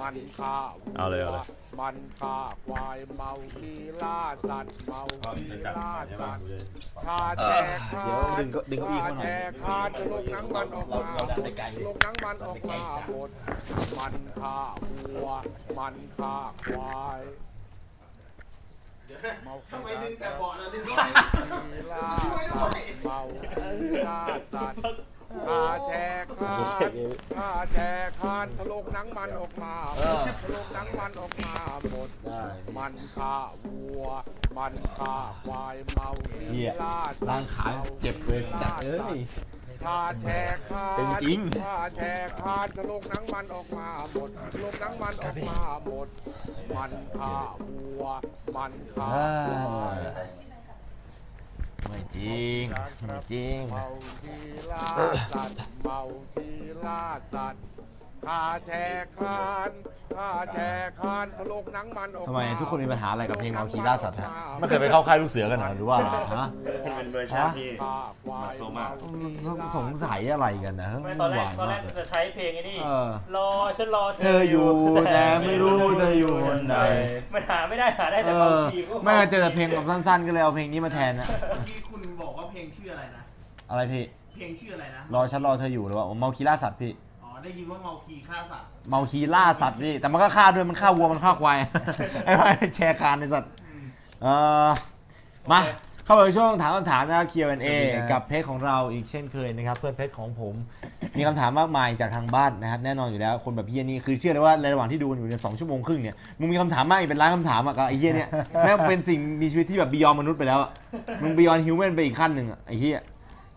Speaker 15: มันฆ่าวัว
Speaker 5: เอาเลยเอาเลย
Speaker 15: มันฆ่าควายเมาทีล่าสัตว์เมาทีล่าสัตว์ฆ่าแจกฆ่า
Speaker 1: เดี๋ยวดึงดึงเก้าอี้เขาหน่
Speaker 15: แจ
Speaker 1: อย
Speaker 15: กฆ่าโลกหนังมันออก
Speaker 1: เรา
Speaker 15: มา
Speaker 1: เรา
Speaker 15: หม
Speaker 1: ดัน
Speaker 15: ด
Speaker 1: ไปไกล
Speaker 15: โลกหนังมันออกมาหมด มันฆ่าวัว มันฆ่าควายเมา
Speaker 1: ทำไมดึงแต่เบาะนะดึง
Speaker 15: ที
Speaker 1: ไม่
Speaker 15: ล่าสัตว์เมาทีล่าสัตว์ ข้าแจกคานข้าแจกคานทะลกหนังมันออกมาหมดทะลกหนังมันออกมาหมด
Speaker 1: ได้
Speaker 15: มันฆ่าวัว มันฆ่าควายเมา
Speaker 1: เหี้ย
Speaker 15: ล่าสัตว์
Speaker 1: ร่างขาเจ็บเลยจัดเอ้ย
Speaker 15: ข้าแจกคาน
Speaker 1: เป็นจริง
Speaker 15: ข้าแจกคานทะลกหนังมันออกมาหมดทะลกหนังมันออกมาหมด มันฆ่าวัว มันฆ่าควาย
Speaker 1: ไม่จริงไม่จริง
Speaker 15: เมาที่ล่าสัตว์เมาที่ล่าสัตว์ข้าแจกคานข้าแจกคานทะลกหนังมันออกมา
Speaker 1: ทำไมทุกคนมีปัญหาอะไรกับเพลงเมาคีล่าสัตว์ฮะไม่เคยไปเข้าค่ายลูกเสือกันเหรอหรือว่าอะไรฮะ
Speaker 5: เป็นเวอร์ชันที่
Speaker 15: มาโซมา
Speaker 1: สงสัยอะไรกันนะ
Speaker 2: ไม่ตอนแรก
Speaker 1: วุ่
Speaker 2: ตอนแร
Speaker 1: มาก เลย
Speaker 2: จะใช้เพลงไอ้นี่
Speaker 1: เออ
Speaker 2: รอฉันรอ
Speaker 1: เธออยู่แต่ไม่รู้เธออยู่คนไหน
Speaker 2: มันหาไม่ได้หาได้
Speaker 1: เอ
Speaker 2: แต่บาง
Speaker 1: อ
Speaker 2: ทีก็
Speaker 1: ไม่ก็เจอแต่เพลงแบบสั้นๆ ก็เลยเอาเพลงนี้มาแทนนะ
Speaker 7: ที่คุณบอกว่าเพลงชื่ออะไรนะ
Speaker 1: อะไรพี่
Speaker 7: เพลงชื่ออะไรนะ
Speaker 1: รอฉันรอเธออยู่หรือว่าเมาคีล่าสัตว์พี่
Speaker 7: อ๋อ ได้ยินว่าเมาคีฆ่าสัตว์
Speaker 1: เมาคีล่าสัตว์พี่ แต่มันก็ฆ่าด้วย มันฆ่าวัว มันฆ่าควาย ไอ้พวกไอ้แชร์คานในสัตว์ เออมา เข้าไปช่วงถามคำถามนะครับ Q&A กับเพจของเราอีกเช่นเคยนะครับ เพื่อนเพจของผม มีคำถามมากมายจากทางบ้านนะครับ แน่นอนอยู่แล้ว คนแบบเฮียนี่คือเชื่อเลยว่าในระหว่างที่ดูกันอยู่เนี่ยสองชั่วโมงครึ่งเนี่ย มึงมีคำถามมากอีกเป็นล้านคำถามอ่ะกับไอ้เฮียเนี่ยแม่งเป็นสิ่งมีชีวิตที่แบบบียอนมนุษย์ไปแล้วอะมึงบียอนฮิวแมนไปอีกขั้นหนึ่งอะไอ้เฮีย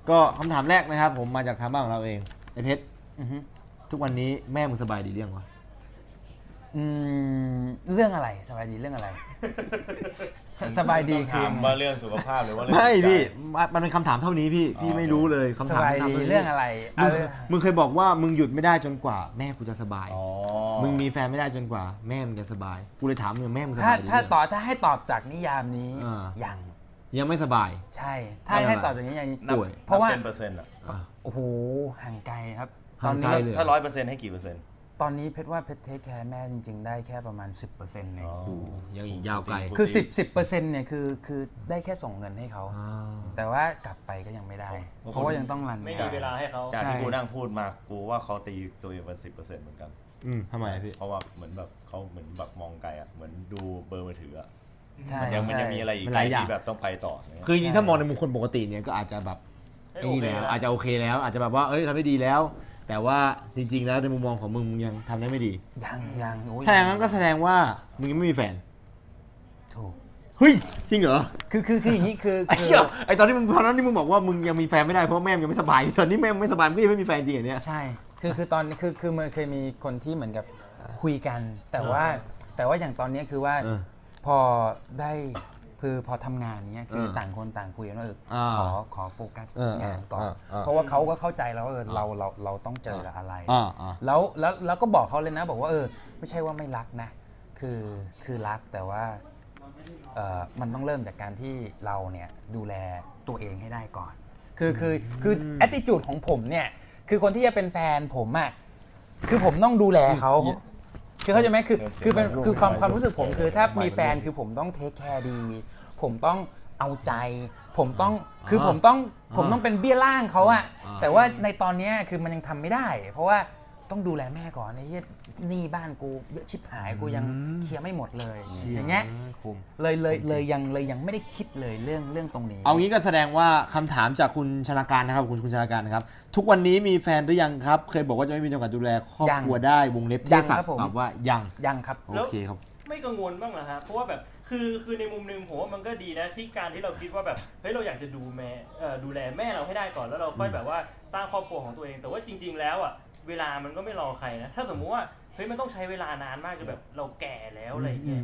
Speaker 1: ก็คำถามแรกนะครับ ผมมาจากทางบ้านของเราเองไอ้เพชรทุกวันนี้แม่มึงสบายดีหรือยังวะ
Speaker 4: อืมเรื่องอะไรสบายดีเรื่องอะไรสสบายดีครั
Speaker 5: ถา
Speaker 4: บ
Speaker 5: มว่าเรื่องสุขภาพหรือว่าเรื่อง
Speaker 1: ไม่
Speaker 5: จิตใจ
Speaker 1: พี่มันมันเป็นคำถามเท่านี้พี่ พี่ไม่รู้เลยคำ
Speaker 4: ส
Speaker 1: ถาม
Speaker 4: บายดี
Speaker 1: คำถมท่นี้
Speaker 4: เรื่องอะไร
Speaker 1: มึ
Speaker 4: เอา
Speaker 1: ง
Speaker 4: เรื่อง
Speaker 1: มึงเคยบอกว่ามึงหยุดไม่ได้จนกว่า แม่กูจะสบาย
Speaker 5: อ๋อ
Speaker 1: มึงมีแฟนไม่ได้จนกว่า แม่มึงจะสบาย กูเลยถามมึงว่าแม่มึงส
Speaker 4: ถ้า
Speaker 1: บายดี
Speaker 4: ถ้า
Speaker 1: หรือ
Speaker 4: ต่อถ้าให้ตอบจากนิยามนี้
Speaker 1: อ่ายั
Speaker 4: ยัง
Speaker 1: ยังไม่สบาย
Speaker 4: ใช่ ถ้า
Speaker 1: ไม่เป็นไร
Speaker 4: ให้ตอบจากนี้ยัง
Speaker 1: นับ
Speaker 4: ป่วยเพราะว่า
Speaker 5: เป็นเปอร์เซ็นต์อะ
Speaker 4: โอ้โหห่างไกลครับ ต
Speaker 1: ห่า
Speaker 4: อน
Speaker 1: งไกล
Speaker 4: นี้
Speaker 1: เลย
Speaker 5: ถ้าร้อยเปอร์เซ็นต์ให้กี่เปอร์เซ็นต์
Speaker 4: ตอนนี้เพชรว่าเพชรเทคแคร์แม่จริง ๆ ได้แค่ประมาณ 10%เอง
Speaker 1: โอ้โหยังอีกยาวไกล
Speaker 4: คือ 10 10%เนี่ยคือคือได้แค่ส่งเงินให้เขา
Speaker 1: อ่า
Speaker 4: แต่ว่ากลับไปก็ยังไม่ได้ เพราะว่ายังต้องรัน
Speaker 2: ไม่
Speaker 4: ง
Speaker 2: มี
Speaker 4: น
Speaker 2: เวลาให้เขา
Speaker 5: จากที่
Speaker 4: ใช่
Speaker 5: กูนั่งพูดมา กูว่าเขาตีตัวเองเป็นสิบเปอร์เซ็นต์เหมือนกัน
Speaker 1: อืมทำไมอะพี่
Speaker 5: เพราะว่าเหมือนแบบเขาเหมือนแบบมองไกลอะเหมือนดูเบอร์มือถืออะ
Speaker 4: ใช่
Speaker 5: มันยังมัน
Speaker 4: ใช่
Speaker 5: ยังมีอะไรอีก
Speaker 1: มันห
Speaker 5: ไกล
Speaker 1: ลายอย่าง
Speaker 5: ที่แบบต้องไปต่ออะไรเงี้ย
Speaker 1: คือจริงๆถ้ามองในมุมคนปกติเนี่ยก็อาจจะแบบ
Speaker 2: เอ้ย
Speaker 1: ไอ้นี่แล้ว
Speaker 2: โอเคนะ
Speaker 1: อาจจะโอเคแล้ว อาจจะแบบว่าเอ้ยทำได้ดีแล้ว แต่ว่าจริง ๆ แล้วในมุมมองของมึงมึงยังทำได้ไม่ดี
Speaker 4: ยังยังโอ้ย
Speaker 1: ถ้าอย่างนั้นก็แสดงว่ามึงยังไม่มีแฟน
Speaker 4: ถูก
Speaker 1: เฮ้ยจริงเหรอ
Speaker 13: คือคือคืออย่างนี้คือ
Speaker 1: ไอ้
Speaker 13: คือ
Speaker 1: เหี้ยไอ้ตอนที่มึงตอนนั้นที่มึงบอกว่ามึงยังมีแฟนไม่ได้เพราะแม่มึงยังไม่สบายตอนนี้แม่มึงไม่สบายมึงก็ยังไม่มีแฟนจริงเหรอเนี่ย
Speaker 4: ใช่ คือคือตอนคือคือมันเคยมีคนที่เหมือนกับคุยกัน แต่ว่าแต่ว่าอย่างตอนเนี้ยคือว่า
Speaker 1: เออ
Speaker 4: พอได้คือพอทำงานเนี้ยคือ
Speaker 1: เออ
Speaker 4: ต่างคนต่างคุยกันว่าเอออา ขอขอโฟกัส
Speaker 1: เออเออง
Speaker 4: านก่อน
Speaker 1: เออเออ
Speaker 4: เพราะว่าเขาก็เข้าใจแล้วว่าเออเราเราเราต้องเจอกับอะไร
Speaker 1: อ่าอ่า
Speaker 4: แล้วแล้วแล้วก็บอกเขาเลยนะบอกว่าเออ ไม่ใช่ว่าไม่รักนะ คือคือรักแต่ว่าเอ่อมันต้องเริ่มจากการที่เราเนี่ยดูแลตัวเองให้ได้ก่อน คือคือคือแอ t i ิจูดของผมเนี่ย คือคนที่จะเป็นแฟนผมอ่ะคือผมต้องดูแลเขาคือเขาใจไหมคือคือเป็นคือความความรู้สึกผมคือถ้ามีแฟนคือผมต้องเทคแคร์ดี ผมต้องเอาใจ ผมต้องคือผมต้องผมต้องเป็นเบี้ยล่างเขาอะแต่ว่าในตอนเนี้ยคือมันยังทำไม่ได้ เพราะว่าต้องดูแลแม่ก่อนไอ้เหี้ยหนี้บ้านกูเยอะชิบหายกูยังเคลียร์ไม่หมดเลย อย่างเงี้ย
Speaker 1: คุม
Speaker 4: เลยเลยเลยยังเลยยังไม่ได้คิดเลยเรื่องเรื่องตรงนี้
Speaker 1: เอางี้ก็แสดงว่าคำถามจากคุณชนาการนะครับ คุณคุณชนาการนะครับ ทุกวันนี้มีแฟนหรือยังครับ เคยบอกว่าจะไม่มีจำกัดดูแลครอบครัว
Speaker 4: ยัง
Speaker 1: ได้วงเล็บ
Speaker 4: ยั
Speaker 1: เที่
Speaker 4: ง
Speaker 1: สัต
Speaker 4: ครับ
Speaker 1: ว์
Speaker 4: ผม
Speaker 1: ตอบว่ายัง
Speaker 4: ยังครับ
Speaker 1: โอเคครับ
Speaker 2: ไม่กังวลบ้างเหรอฮะ เพราะว่าแบบ คือคือในมุมหนึ่งผมว่ามันก็ดีนะที่การที่เราคิดว่าแบบ เฮ้ยเราอยากจะดูแม่เอ่อดูแลแม่เราให้ได้ก่อนแล้วเราค่อยแบบว่าสร้างครอบครัวของตัวเอง แต่ว่าจริง ๆ แล้วอ่ะเวลามันก็ไม่รอใครนะ ถ้าสมมุติว่าเฮ้ยมันต้องใช้เวลานานมากจนแบบเราแก่แล้วอะไรอย่างเงี้ย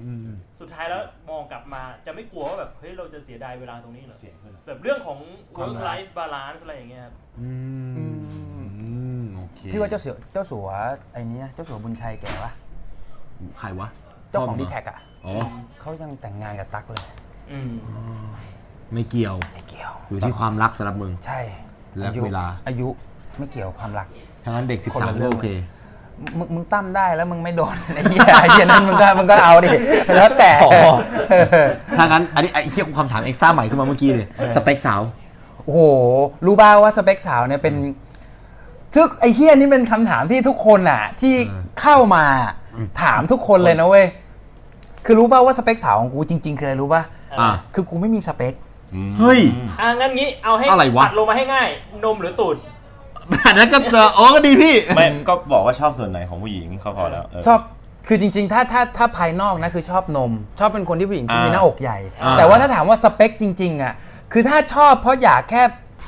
Speaker 2: สุดท้ายแล้วมองกลับมาจะไม่กลัวว่าแบบเฮ้ยเราจะเสียดายเวลาตรงนี้เหรอแบบเรื่องของ
Speaker 4: ความรั
Speaker 2: work
Speaker 4: ก
Speaker 2: life balance อะไรอย่างเงี้ยครับ
Speaker 1: อืม
Speaker 4: อืม
Speaker 1: อืมโอเค
Speaker 4: พี่ว่าเจ้าเสือเจ้าสัวไอ้นี้นะเจ้าสัวบุญชัยแก่วะ
Speaker 1: ใครวะ
Speaker 4: เจ้าของ
Speaker 1: พ่มึ
Speaker 4: ดี
Speaker 1: หร
Speaker 4: แท็กอ่ะ
Speaker 1: อ๋อ
Speaker 4: เขายังแต่งงานกับตั๊กเลย
Speaker 2: อืม
Speaker 1: ไม่เกี่ยว
Speaker 4: ไม่เกี่ยว
Speaker 1: อยู่ที่ความรักสำหรับมึง
Speaker 4: ใช่
Speaker 1: และ
Speaker 4: อยุ
Speaker 1: เวลา
Speaker 4: อายุไม่เกี่ยวความรัก
Speaker 1: ทั้งนั้นเด็ก
Speaker 4: คนละ
Speaker 1: 13
Speaker 4: เรื่
Speaker 1: ก็
Speaker 4: อง
Speaker 1: โอเค
Speaker 4: มึงมึงตั้มได้แล้วมึงไม่โดน ไอ้เหี้ยไอ้เหี้ยนั้นมึงก็มึงก็เอาดิแล้วแต่
Speaker 1: อ๋อ ถ้างั้น อันนี้ไอ้เหี้ยคำถามเอ็กซ่าใหม่ขึ้นมาเมื่อกี้เลย สเปคสาว
Speaker 4: โอ้โห รู้บ้าว่าสเปคสาวเนี่ยเป็นทึกไอ้เฮียนี่เป็นคำถามที่ทุกคนอ่ะ ที่เข้ามาถามทุกคนเลยนะเว้ย คือรู้ป่าว่าสเปคสาวของกูจริง ๆ คืออะไรรู้ป่ะ
Speaker 1: อ่า
Speaker 4: คือกูไม่มีสเปค
Speaker 1: เฮ้ย
Speaker 2: อ่ะงั้นงี้เอาให้
Speaker 1: อะไรวะ
Speaker 2: ตัดลงมาให้ง่าย นมหรือตูด
Speaker 1: อันนั้นก็เจออ๋อก็ดีพี่
Speaker 5: ไม่ก็บอกว่าชอบส่วนไหนของผู้หญิงเขาพอแล้วเ
Speaker 4: ชอบ คือจริง ๆ ถ้าถ้าถ้าภายนอกนะคือชอบนม ชอบเป็นคนที่ผู้หญิงที่
Speaker 5: อ่ามี
Speaker 4: มีหน้าอกใหญ่
Speaker 5: อ่า
Speaker 4: แต่ว่าถ้าถามว่าสเปคจริง ๆ อ่ะ คือถ้าชอบเพราะอยากแค่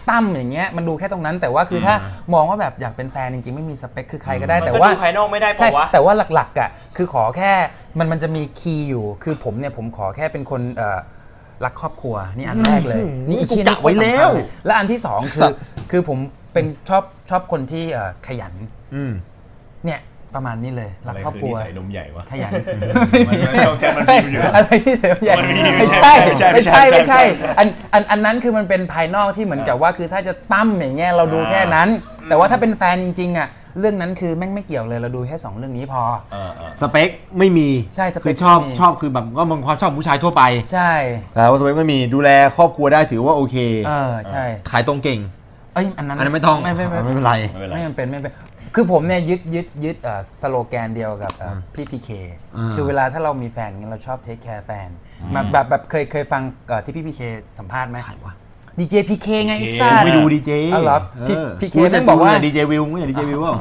Speaker 4: ตั้มอย่างเงี้ยมันดูแค่ตรงนั้น แต่ว่าคือถ้ามองว่าแบบอยากเป็นแฟนจริง ๆ ไม่มีสเปคคือใครก็ได้
Speaker 2: มัน
Speaker 4: แต่
Speaker 2: ก็
Speaker 4: ว่า
Speaker 2: ดูภายนอกไม่ได้ปะ
Speaker 4: ใช่
Speaker 2: วะ
Speaker 4: แต่ว่าหลักๆอ่ะคือขอแค่มันมันจะมีคีย์อยู่ คือผมเนี่ยผมขอแค่เป็นคนเอ่อรักครอบครัวนี่อันแรกเลย นี่
Speaker 1: กู
Speaker 4: คีย์
Speaker 1: กะไว้แล้ว
Speaker 4: สำคัญเยและอันที่สองคือคือผมเป็นชอบชอบคนที่เอ่อขยัน
Speaker 1: อืม
Speaker 4: เนี่ยประมาณนี้เลยรักครอบครัว
Speaker 5: ใส่นมใหญ่วะ
Speaker 4: ขยัน
Speaker 5: มันไม่ต้องใช้มันมีอยู่แล้ว
Speaker 4: อะไรที่เสียใหญ่
Speaker 5: มันมีอยู่
Speaker 4: ไม่ใช่
Speaker 5: ไม่
Speaker 4: ไม่
Speaker 5: ใช่
Speaker 4: ใช่
Speaker 5: ไม่
Speaker 4: ไม่
Speaker 5: ใช่ไม่
Speaker 4: ใช่ไม่
Speaker 5: ใช่
Speaker 4: ใช่ อันอันอันนั้นคือมันเป็นภายนอกที่เหมือนกับว่าคือถ้าจะตั้มอย่างเงี้ยเราดูแค่นั้น แต่ว่าถ้าเป็นแฟนจริงๆอ่ะเรื่องนั้นคือแม่งไม่เกี่ยวเลยเราดูแค่สองเรื่องนี้พอ
Speaker 5: เออเออ
Speaker 1: สเปคไม่มี
Speaker 4: ใช่สเปค
Speaker 1: คือชอบ
Speaker 4: ไม่มี
Speaker 1: ชอบคือแบบก็มึงความชอบผู้ชายทั่วไป
Speaker 4: ใช่
Speaker 1: แต่ว่าสเปคไม่มีดูแลครอบครัวได้ถือว่าโอเค
Speaker 4: เออใช่
Speaker 1: ขายตรงเก่ง
Speaker 4: เอ้ยอันนั้น
Speaker 1: อันนั้นไม่ต้อง
Speaker 4: ไม่ไม่ไม่
Speaker 1: ไม่เป็นไร
Speaker 5: ไม่เป็นไร
Speaker 4: ไม่จำเป็นไม่เป็นคือผมเนี่ยยึดยึดยึดเอ่อสโลแกนเดียวกับเอ่อพี่พีเค
Speaker 1: อืม
Speaker 4: คือเวลาถ้าเรามีแฟนเงี้ยเราชอบเทคแคร์แฟนมาแบบแบบเคยเคยฟังเอ่อที่พี่พีเคสัมภาษณ์ไหม ดีเจพีเคไงไอ้สัตว์
Speaker 1: ไม่ดูดีเจ
Speaker 4: อ๋อเหรอพี่พี่เคแม่งบอกว่า
Speaker 1: ดีเจวิวมึงอย่าดีเจวิวว่า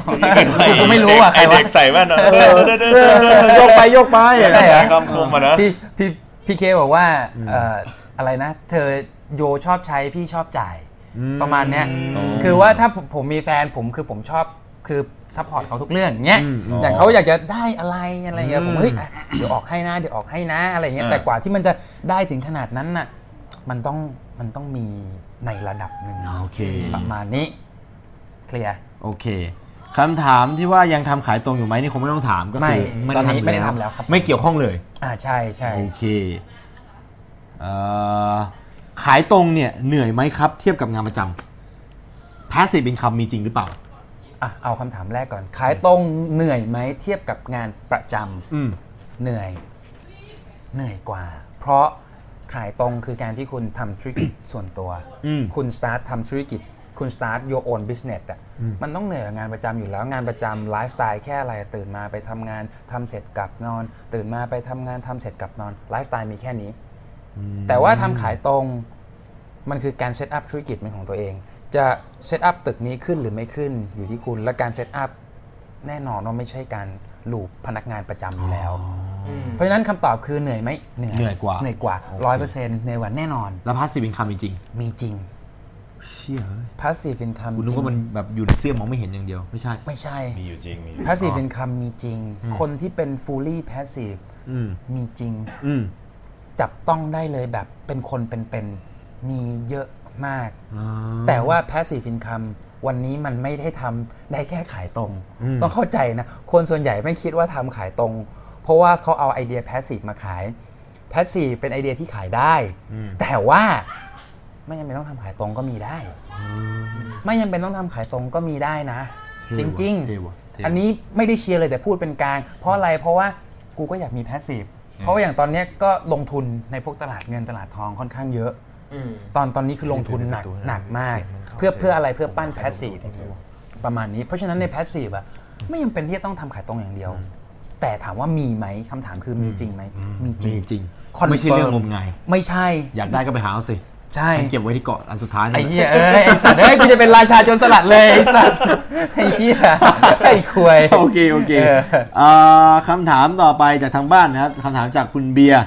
Speaker 4: กูไม่รู้อ่ะใครวะ
Speaker 5: เด็กใส่แว่นอะเออเออเออเออ
Speaker 1: โยกไปโยกไป
Speaker 4: ใช่เหรอ
Speaker 5: คำคมอ่ะนะ
Speaker 4: พี่พี่พี่เคบอกว่าเอ่ออะไรนะ เธอโยชอบใช้พี่ชอบจ่าย ประมาณเนี้ยคือว่าถ้าผมผมมีแฟนผมคือผมชอบคือซัพพอร์ตเขาทุกเรื่องเงี้ยอย่างเขาอยากจะได้อะไรอะไรเงี้ยผมเฮ้ยอ่ะเดี๋ยวออกให้นะเดี๋ยวออกให้นะอะไรเงี้ย
Speaker 5: อ่า
Speaker 4: แต่กว่าที่มันจะได้ถึงขนาดนั้นน่ะมันต้องมันต้องมีในระดับหนึ่ง
Speaker 1: โอเค
Speaker 4: ประมาณนี้เคลียร์
Speaker 1: โอเคคำถามที่ว่ายังทำขายตรงอยู่ไหมนี่คงไม่ต้องถามก็
Speaker 4: ไม่
Speaker 1: คือ
Speaker 4: ตอนนี้
Speaker 1: อยู่
Speaker 4: ไม่ได้ทำแล้วครับ
Speaker 1: ไม่เกี่ยวข้องเลย
Speaker 4: อ่าใช่ใช่
Speaker 1: โอเคเอ่อขายตรงเนี่ยเหนื่อยไหมครับ เทียบกับงานประจำ passive income มีจริงหรือเปล่า
Speaker 4: อ่ะเอาคำถามแรกก่อน ขายตรงเหนื่อยไหมเทียบกับงานประจำ
Speaker 1: อืม
Speaker 4: เหนื่อย เหนื่อยกว่า เพราะขายตรงคือการที่คุณทำธุรกิจ ส่วนตัว
Speaker 1: อืม
Speaker 4: คุณสตาร์ททำธุรกิจ คุณสตาร์ท your own business อ่ะมันต้องเหนื่อยกว่างานประจำอยู่แล้วงานประจำไลฟ์สไตล์แค่อะไรตื่นมาไปทำงานทำเสร็จกลับนอน ตื่นมาไปทำงานทำเสร็จกลับนอนไลฟ์สไตล์มีแค่นี้ แต่ว่าทำขายตรงมันคือการเซตอัพธุรกิจเป็นของตัวเอง จะเซตอัพตึกนี้ขึ้นหรือไม่ขึ้นอยู่ที่คุณและการเซตอัพแน่นอนว่าไม่ใช่การลูปพนักงานประจำอยู่แล้ว เพราะฉะนั้นคำตอบคือเหนื่อยไหมเหนื่อย
Speaker 1: เหนื่อยกว่า
Speaker 4: เหนื่อยกว่าร้อยเปอร์เซ็นต์เหนื่อยกว่าแน่นอน
Speaker 1: แล้วพาสซีฟอินคัมจริง
Speaker 4: มีจริง
Speaker 1: เชี่ย
Speaker 4: passive income
Speaker 1: คุณรู้ว่ามันแบบอยู่ในเสื้อมองไม่เห็นอย่างเดียว ไม่ใช่
Speaker 4: ไม่ใช่
Speaker 5: มีอยู่จริงมีอยู่
Speaker 4: passive income มีจริง คนที่เป็น fully passive
Speaker 1: อืม
Speaker 4: มีจริง
Speaker 1: อืม
Speaker 4: จับต้องได้เลยแบบเป็นคนเป็นๆมีเยอะมาก แต่ว่า passive income วันนี้มันไม่ได้ทำได้แค่ขายตรง
Speaker 1: อืม
Speaker 4: ต้องเข้าใจนะ คนส่วนใหญ่ไม่คิดว่าทำขายตรง เพราะว่าเขาเอาไอเดีย passive มาขาย passive เป็นไอเดียที่ขายได้ แต่ว่าไม่จำเป็นต้องทำขายตรงก็มีได้ ไม่จำเป็นต้องทำขายตรงก็มีได้นะ จริง
Speaker 1: เท่ว่ะเท่ว่ะ
Speaker 4: ๆ อันนี้ไม่ได้เชียร์เลยแต่พูดเป็นกลาง เพราะอะไรเพราะว่ากูก็อยากมี passive เพราะว่าอย่างตอนเนี้ยก็ลงทุนในพวกตลาดเงินตลาดทองค่อนข้างเยอะ ตอนตอนนี้คือลงทุนหนักหนักมาก เพื่อเพื่ออะไรเพื่อปั้นแพสซีฟประมาณนี้ เพราะฉะนั้นในแพสซีฟอะไม่จำเป็นที่จะต้องทำขายตรงอย่างเดียว แต่ถามว่ามีไหมคำถามคือมีจริงไหมมีจริง
Speaker 1: มีจริง
Speaker 4: Confirm
Speaker 1: ไม่ใช่เรื่องงมงาย
Speaker 4: ไม่ใช่
Speaker 1: อยากได้ก็ไปหาเอาสิ
Speaker 4: ใช่
Speaker 1: ฉันเก็บไว้ที่เกาะอันสุดท้ายนั่น
Speaker 4: ไอ้
Speaker 1: แหละ
Speaker 4: เหี้ยเอ้ยไอ้สัตว์เอ้ยกูจะเป็นราชาโจนสลัดเลยไอ้สัตว์ไอ้เหี้ยไอ้ควย
Speaker 1: โอเค โอเค
Speaker 4: เออ
Speaker 1: เอ่อคำถามต่อไปจากทางบ้านนะครับคำถามจากคุณเบียร์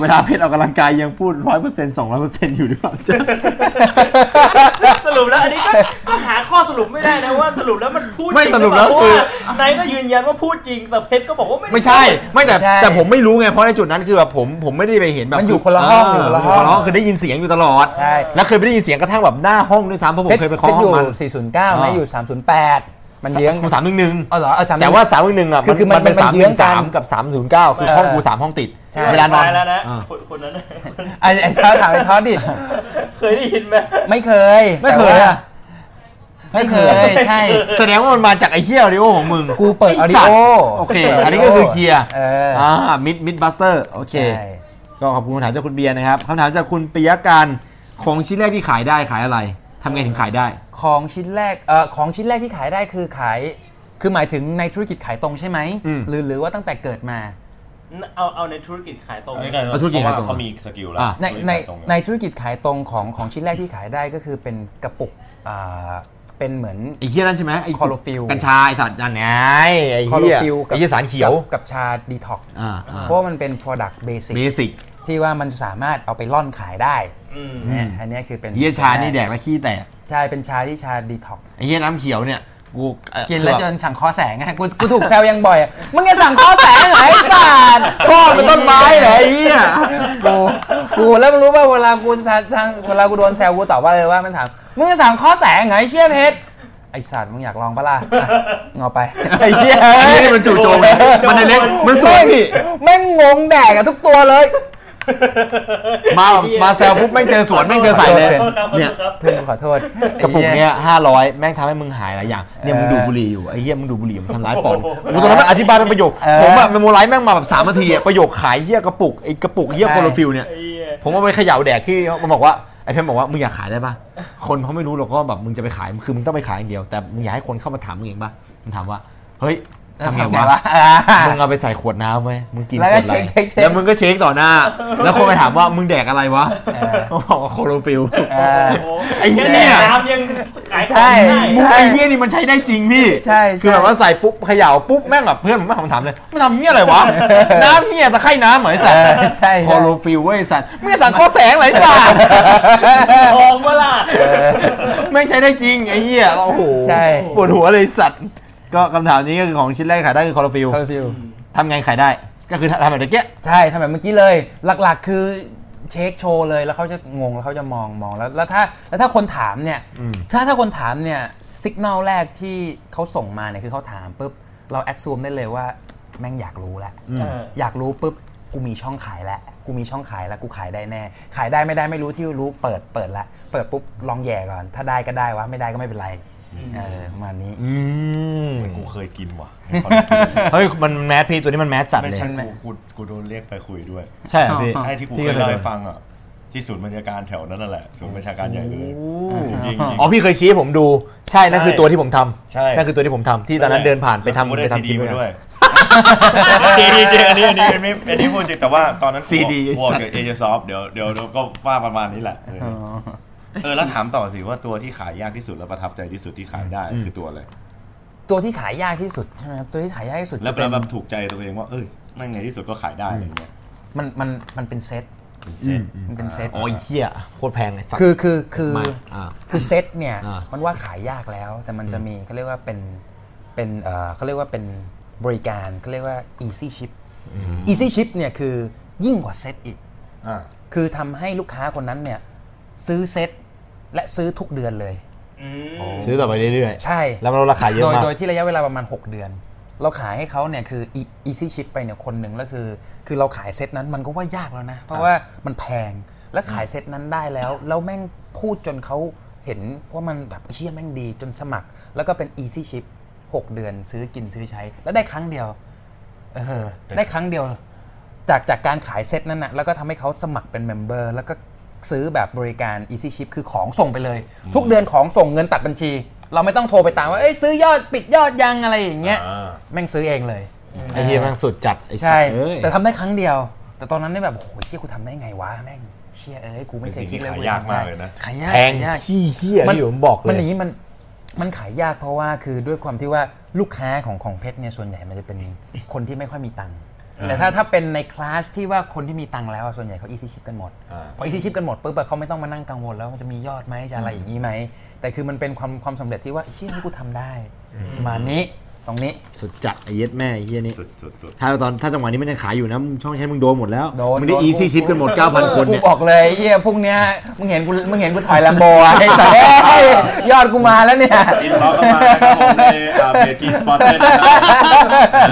Speaker 1: เวลาเพชรออกกำลังกายยังพูดร้อยเปอร์เซ็นต์สองร้อยเปอร์เซ็นต์อยู่หรือเปล่า จ๊ะ
Speaker 2: สรุปแล้วอันนี้ก็ก็หาข้อสรุปไม่ได้นะว่าสรุปแล้วมันพูดจ
Speaker 1: ไม่
Speaker 2: ง
Speaker 1: สรุปแล้ว
Speaker 2: หอ
Speaker 1: คือ
Speaker 2: เปาเพราะว่านายก็ยืนยันว่าพูดจริงแต่เพชรก็บอกว่าไม่ด้
Speaker 1: ไม่ใช่ไม่แต่
Speaker 4: ไม่ใช่
Speaker 1: แต่ผมไม่รู้ไงเพราะในจุดนั้นคือแบบผมผมไม่ได้ไปเห็นแบบ
Speaker 4: มันอยู่คนละห้องอยู่คนละห้อง
Speaker 1: คือได้ยินเสียงอยู่ตลอด
Speaker 4: ใช่
Speaker 1: แล้วเคยไปได้ยินเสียงกระทั่งแบบหน้าห้องด้วยซ้ำเพราะผม
Speaker 4: เพชร
Speaker 1: เคยไป
Speaker 4: เพ
Speaker 1: เคาะ
Speaker 4: ชร
Speaker 1: ห้
Speaker 4: อ
Speaker 1: อยู่ งมัน
Speaker 4: 409นะอยู่ 308 มันเยื้อง
Speaker 1: สามหนึ่งหนึ่ง
Speaker 4: อ๋อเหรอเออสาม
Speaker 1: แต่ว่าสามหนึ่งหนึ่งอ่ะ
Speaker 4: คือคือมัน
Speaker 1: เป็น
Speaker 4: มัน
Speaker 1: สามห
Speaker 4: เยื้
Speaker 1: นึ่
Speaker 4: อง
Speaker 1: ง
Speaker 4: กั
Speaker 1: สาน มกับสามศูนย์เก้าคือห้องกูสามห้องติด
Speaker 4: ใช่
Speaker 1: เวลานอน
Speaker 2: ตายแล้วนะ
Speaker 1: อ่า
Speaker 2: คนคนนั้นน่ะ
Speaker 4: ไอ้ไอ้ท้อถามไอ้ท้อดิ
Speaker 2: เคยได้ยินไหม
Speaker 4: ไม่เคย
Speaker 1: ไม่เคยอะ
Speaker 4: แต่ว่าไม่เคยใช่
Speaker 1: แสดงว่ามันมาจากไอ้เหี้ยออดิโอของมึง
Speaker 4: กูเปิดออดิโอ
Speaker 1: โอเค อันนี้ก็คือเคลียร์
Speaker 4: เออ
Speaker 1: อ่ามิดมิดบัสเตอร์ โอเค
Speaker 4: ใช่
Speaker 1: ก็ขอบคุณคำถามจากคุณเบียร์นะครับคำถามจากคุณปิยะการของชิ้นแรกที่ขายได้ขายอะไรทำไงถึงขายได้
Speaker 4: ของชิ้นแรกเอ่อของชิ้นแรกที่ขายได้คือขาย คือหมายถึงในธุรกิจขายตรงใช่ไหม
Speaker 1: อืม
Speaker 4: หรือหรือว่าตั้งแต่เกิดมา
Speaker 2: เอาเอาในธุรกิจขายตรง
Speaker 1: เอาธุรกิจ
Speaker 5: เพราะ
Speaker 1: ขายตร
Speaker 5: ว่าง เขามีสกิลแล้ว
Speaker 1: อ่ะ
Speaker 4: ในใน
Speaker 5: ตรง
Speaker 4: ในธุรกิจขายตรงของของชิ้นแรกที่ขายได้ก็คือเป็นกระปุกอ่าเป็นเหมือน
Speaker 1: ไอ้เหี้ยนั่นใช่ไหมไอ้
Speaker 4: Chlorophyll
Speaker 1: กัญชาไอ้สัตว์นั่นไงไอ้
Speaker 4: คอโร
Speaker 1: เหี้ย
Speaker 4: ฟิลกั
Speaker 1: ไอ้เหี้ยสารเขียว
Speaker 4: กับกับชาดีท็อกซ์
Speaker 1: อ่า
Speaker 4: เพราะว่ามันเป็น product basic
Speaker 1: เบสิก
Speaker 4: ที่ว่ามันสามารถเอาไปล่อนขายได้เนี่ยอันเนี้ยคือเป็น
Speaker 1: เหี้ยชานี่แดกแล้วขี้แตก
Speaker 4: ใช่เป็นชาที่ชาดีท็อกซ์
Speaker 1: ไอ้เหี้ยน้ำเขียวเนี่ยกูเอ่อ
Speaker 4: กินแล้วจนสั่งคอแสงอะกูกูถูกแซวยังบ่อยอะมึงจะสั่งคอแสงเหรอไอ้สัตว์
Speaker 1: พ่อเป็นต้นไม้เหรอไอ้เหี้ย
Speaker 4: กูกูแล้วมึงรู้ป่ะเวลากูทางทางเวลากูโดนแซวกูตอบว่าเลยว่ามันถามมึงจะสั่งคอแสงเหรอไอ้เชี่ยเพชรไอ้สัตว์มึงอยากลองปะล่ะอ่ะงอไปไอ้เชี่ย
Speaker 1: ไอ้เหี้ยนี่มันจู่โจมเลยมันในเล็กมันสวยพี่
Speaker 4: แม่งงงแดกอะทุกตัวเลย
Speaker 1: มาแบบมาแซวปุ๊บแม่งเจอสวนแม่งเจอใส่เลย
Speaker 2: โทษครับ
Speaker 1: เนี่ย
Speaker 2: โทษครับ
Speaker 4: เพื่อนกูขอโทษ
Speaker 1: กระปุก
Speaker 4: ไอ้หี้
Speaker 1: เนี้ยห้าร้อยแม่งทำให้มึงหายหลายอย่างเนี่ยมึง
Speaker 4: เออ
Speaker 1: ดูดบุหรี่อยู่ไอ้เหี้ยมึงดูดบุหรี่มันทำร้ายปอดกูตอนนั้นมันอธิบายเป็นประโยค
Speaker 4: เออ
Speaker 1: ผมอะเมโมไลซ์แม่งมาแบบสามนาทีอะประโยคขายเหี้ยกระปุกไอ้กระปุกเหี้ยโคโรฟิลเนี่ย
Speaker 2: ไอ้เหี้ย
Speaker 1: ผมเอาไปเขย่าแดกที่มันบอกว่าไอ้เพนบอกว่ามึงอยากขายได้ป่ะคนเขาไม่รู้หรอกว่าแบบมึงจะไปขายคือมึงต้องไปขายอย่างเดียว แต่มึงอยากให้คนเข้ามาถามมึงเองป่ะมันถามว่าเฮ้ยทำไงวะ
Speaker 4: อ่า
Speaker 1: มึงเอาไปใส่ขวดน้ำไว้ยมึงกิน
Speaker 4: แล้วก็
Speaker 1: ขดอะไร
Speaker 4: เช็คเช็คเช็ค
Speaker 1: แล้วมึงก็เช็คต่อหน้า แล้วคนไปถามว่ามึงแดกอะไรวะ
Speaker 4: เออ
Speaker 1: เขาบอกว่าโคโรฟิลล
Speaker 4: เออ
Speaker 1: ไอ้เหี้ยเนี่ย
Speaker 2: น้ำยังขายของ
Speaker 4: ใช่
Speaker 2: ได้
Speaker 1: มึงไอ้เหี้ยนี่มันใช้ได้จริงพี่
Speaker 4: ใช่ใช่
Speaker 1: คือแบบว่าใส่ปุ๊บเขย่าปุ๊บแม่งแบบเพื่อนผมแม่งผมถามเลยมันทำเหี้ยอะไรวะ น้ำเหี้ยตะไคร่น้ำเหมือนสัต
Speaker 4: เอ
Speaker 1: ว์
Speaker 4: อใช่
Speaker 1: โคโรฟิลล์เว้ยสัตว์ไม่สั่งข้อแสงเหรอไอ้สัตว์
Speaker 2: ทองเมื่อล่ะ
Speaker 1: แม่งใช้ได้จริงไอ้เหี้ยโอ้โห
Speaker 4: ใช่
Speaker 1: ปวดหัวเลยสัตว์ ก็คำถามนี้ก็คือของชิ้นแรกขายได้คือโคโรฟิลล์
Speaker 4: คาร์ฟิล
Speaker 1: ทำไงขายได้ ก็คือทำแบบตะเกียบ
Speaker 4: ใช่ทำแบบเมื่อกี้เลย หลักๆคือเช็คโชว์เลยแล้วเขาจะงงแล้วเขาจะมองมองแล้วแล้วถ้าแล้วถ้าคนถามเนี่ย ถ้าถ้าคนถามเนี่ยสัญญาณแรกที่เขาส่งมาเนี่ยคือเขาถามปุ๊บเราแอดซูมได้เลยว่าแม่งอยากรู้แหละ อยากรู้ปุ๊บกูมีช่องขายแล้วกูมีช่องขายแล้วกูขายได้แน่ ขายได้ไม่ได้ไม่รู้ที่รู้เปิดเปิดละเปิดปุ๊บลองแย่ก่อน ถ้าได้ก็ได้วะไม่ได้ก็ไม่เป็นไรเออประมาณนี้
Speaker 1: อืม
Speaker 5: เหมือนกูเคยกินว่ะ
Speaker 1: เฮ้ย มันแมสพี่ตัวนี้มันแมสจัด
Speaker 5: ไม่
Speaker 1: เลย
Speaker 5: ใช่กูกูกูโดนเรียกไปคุยด้วย
Speaker 1: ใช่เหรอพี่
Speaker 5: ไอ้ที่กู
Speaker 1: พี่
Speaker 5: เคย
Speaker 1: ก็
Speaker 5: เล่า
Speaker 1: เลย
Speaker 5: ให้ฟังอ่ะที่ศูนย์บัญชาการแถวนั้นนะแหละศูนย์บัญชาการใหญ่เลย จริงๆ
Speaker 1: อ๋อพี่เคยชี้ให้ผมดู ใช่นั่นคือ
Speaker 5: ใช่
Speaker 1: ตัวที่ผมทำ
Speaker 5: ใช่
Speaker 1: นั่นคือตัวที่ผมทำที่ตอนนั้นเดินผ่านไปทำ
Speaker 5: แล้วกู
Speaker 1: ไป
Speaker 5: ได้ซี
Speaker 1: ทำ
Speaker 5: ดี
Speaker 1: คลิป
Speaker 5: ไป
Speaker 1: ด้
Speaker 5: ด้
Speaker 1: ว
Speaker 5: วย ยจริงจริงอันนี้อันนี้อันนี้อันนี้พูดจริงแต่ว่าตอนนั้นกู
Speaker 1: CD
Speaker 5: บวกกับเอเจซอฟเดี๋ยวเดี๋ยวเดี๋ยวก็ว่าประมาณนี้แหละเออเออแล้วถามต่อสิว่าตัวที่ขายยากที่สุดและประทับใจที่สุดที่ขายได้คือตัวอะไร
Speaker 4: ตัวที่ขายยากที่สุดใช่ไหมครับตัวที่ขายยากที่สุด
Speaker 5: แล้ว
Speaker 4: จะเป็น
Speaker 5: แบบถูกใจตัวเองว่าเอ้ย แม่งในที่สุดก็ขายได้อะไรเงี้ย
Speaker 4: มันมันมันเป็นเซต
Speaker 5: เป็นเซต
Speaker 4: มันเป็นเซต
Speaker 1: โอ้ยเฮียโคตรแพงเลยสัตว์
Speaker 4: คือคือคือ
Speaker 1: มาอ่า
Speaker 4: คือเซตเนี่ย
Speaker 1: อ่ามั
Speaker 4: มันว่าขายยากแล้ว แต่มันจะมีเขาเรียกว่าเป็นเป็นเอ่อเขาเรียกว่าเป็นบริการเขาเรียกว่า easy ship easy ship เนี่ยคือยิ่งกว่าเซตอีก คือทำให้ลูกค้าคนนั้นเนี่ยซื้อเซตและซื้อทุกเดือนเลย
Speaker 1: ซื้อต่อไปเรื่อย
Speaker 4: ใช่
Speaker 1: ๆ แล้วเราราคาเยอะ
Speaker 4: โดย
Speaker 1: มาก
Speaker 4: โดยที่ระยะเวลาประมาณ 6 เดือน เราขายให้เขาเนี่ยคือ e- easy ship ไปเนี่ยคนหนึ่งแล้วคือ คือเราขายเซตนั้นมันก็ว่ายากแล้วนะ เพราะว่ามันแพงแล้วขายเซตนั้นได้แล้วแล้วแม่งพูดจนเขาเห็นว่ามันแบบเชี่ยแม่งดีจนสมัคร แล้วก็เป็น easy ship 6 เดือนซื้อกินซื้อใช้ แล้วได้ครั้งเดียว เออ ได้ครั้งเดียว จากจากการขายเซตนั้นนะแล้วก็ทำให้เขาสมัครเป็นเมมเบอร์แล้วก็ซื้อแบบบริการ Easy Ship คือของส่งไปเลย ทุกเดือนของส่งเงินตัดบัญชี เราไม่ต้องโทรไปตามว่า เอ้ยซื้อยอดปิดยอดยังอะไรอย่างเงี้ย แม่งซื้อเองเลย
Speaker 1: ไอ้เฮียแม่งสุดจัดไอ้สัต
Speaker 4: ใช่
Speaker 1: ว์เอ้ย
Speaker 4: แต่ทำได้ครั้งเดียว แต่ตอนนั้นเนี่ยแบบโอ้โหเชี่ยกูทำได้ไงวะแม่งเชี่ยเอ้ยกูไม่เคยคิดเลย
Speaker 5: เป็นสิ่งที่ขายยากมากเลยนะ
Speaker 4: ขายยาก
Speaker 1: แพง
Speaker 4: ขายยาก
Speaker 1: ขี้เฮียที่ผมบอกเล
Speaker 4: มัน
Speaker 1: ย
Speaker 4: อย่างนี้มันมันขายยากเพราะว่าคือด้วยความที่ว่าลูกค้าของของเพชรเนี่ยส่วนใหญ่มันจะเป็นคนที่ไม่ค่อยมีตังค์แต่ถ้าถ้าเป็นในคลาสที่ว่าคนที่มีตังค์แล้วอะส่วนใหญ่เขาอีซี่ชิปกันหมด
Speaker 5: อ่า
Speaker 4: พออีซี่ชิปกันหมดปุ๊บอะเขาไม่ต้องมานั่งกังวลแล้วมันจะมียอดไหมจะอะไรอย่างนี้ไหมแต่คือมันเป็นความความสำเร็จที่ว่าเชี่ยนี่กูทำได้ประมาณนี้ตรงนี้
Speaker 1: สุดจัดไอ้เย็ดแม่ไอ้เฮียนี่
Speaker 5: สุดสุดสุด
Speaker 1: ถ้าตอนถ้าจังหวะนี้มันยังขายอยู่นะมึงช่องใช้มึงโดนหมดแล้ว
Speaker 4: โดน
Speaker 1: มึงได้
Speaker 4: โดน
Speaker 1: อีซี่
Speaker 4: กู
Speaker 1: ชิปกันหมด 9,000 คน
Speaker 4: กู
Speaker 1: เนี่ย
Speaker 4: บอกเลยเฮียพวกเนี้ยมึงเห็นกูมึงเห็นกูถอยลมโบอะไอ้สัสเอ้ยยอดกูมาแล้วเนี่ย
Speaker 5: อินบ็อกซ์เข้ามานะครับผมในเพจจีสปอร์เตอร์นะครับ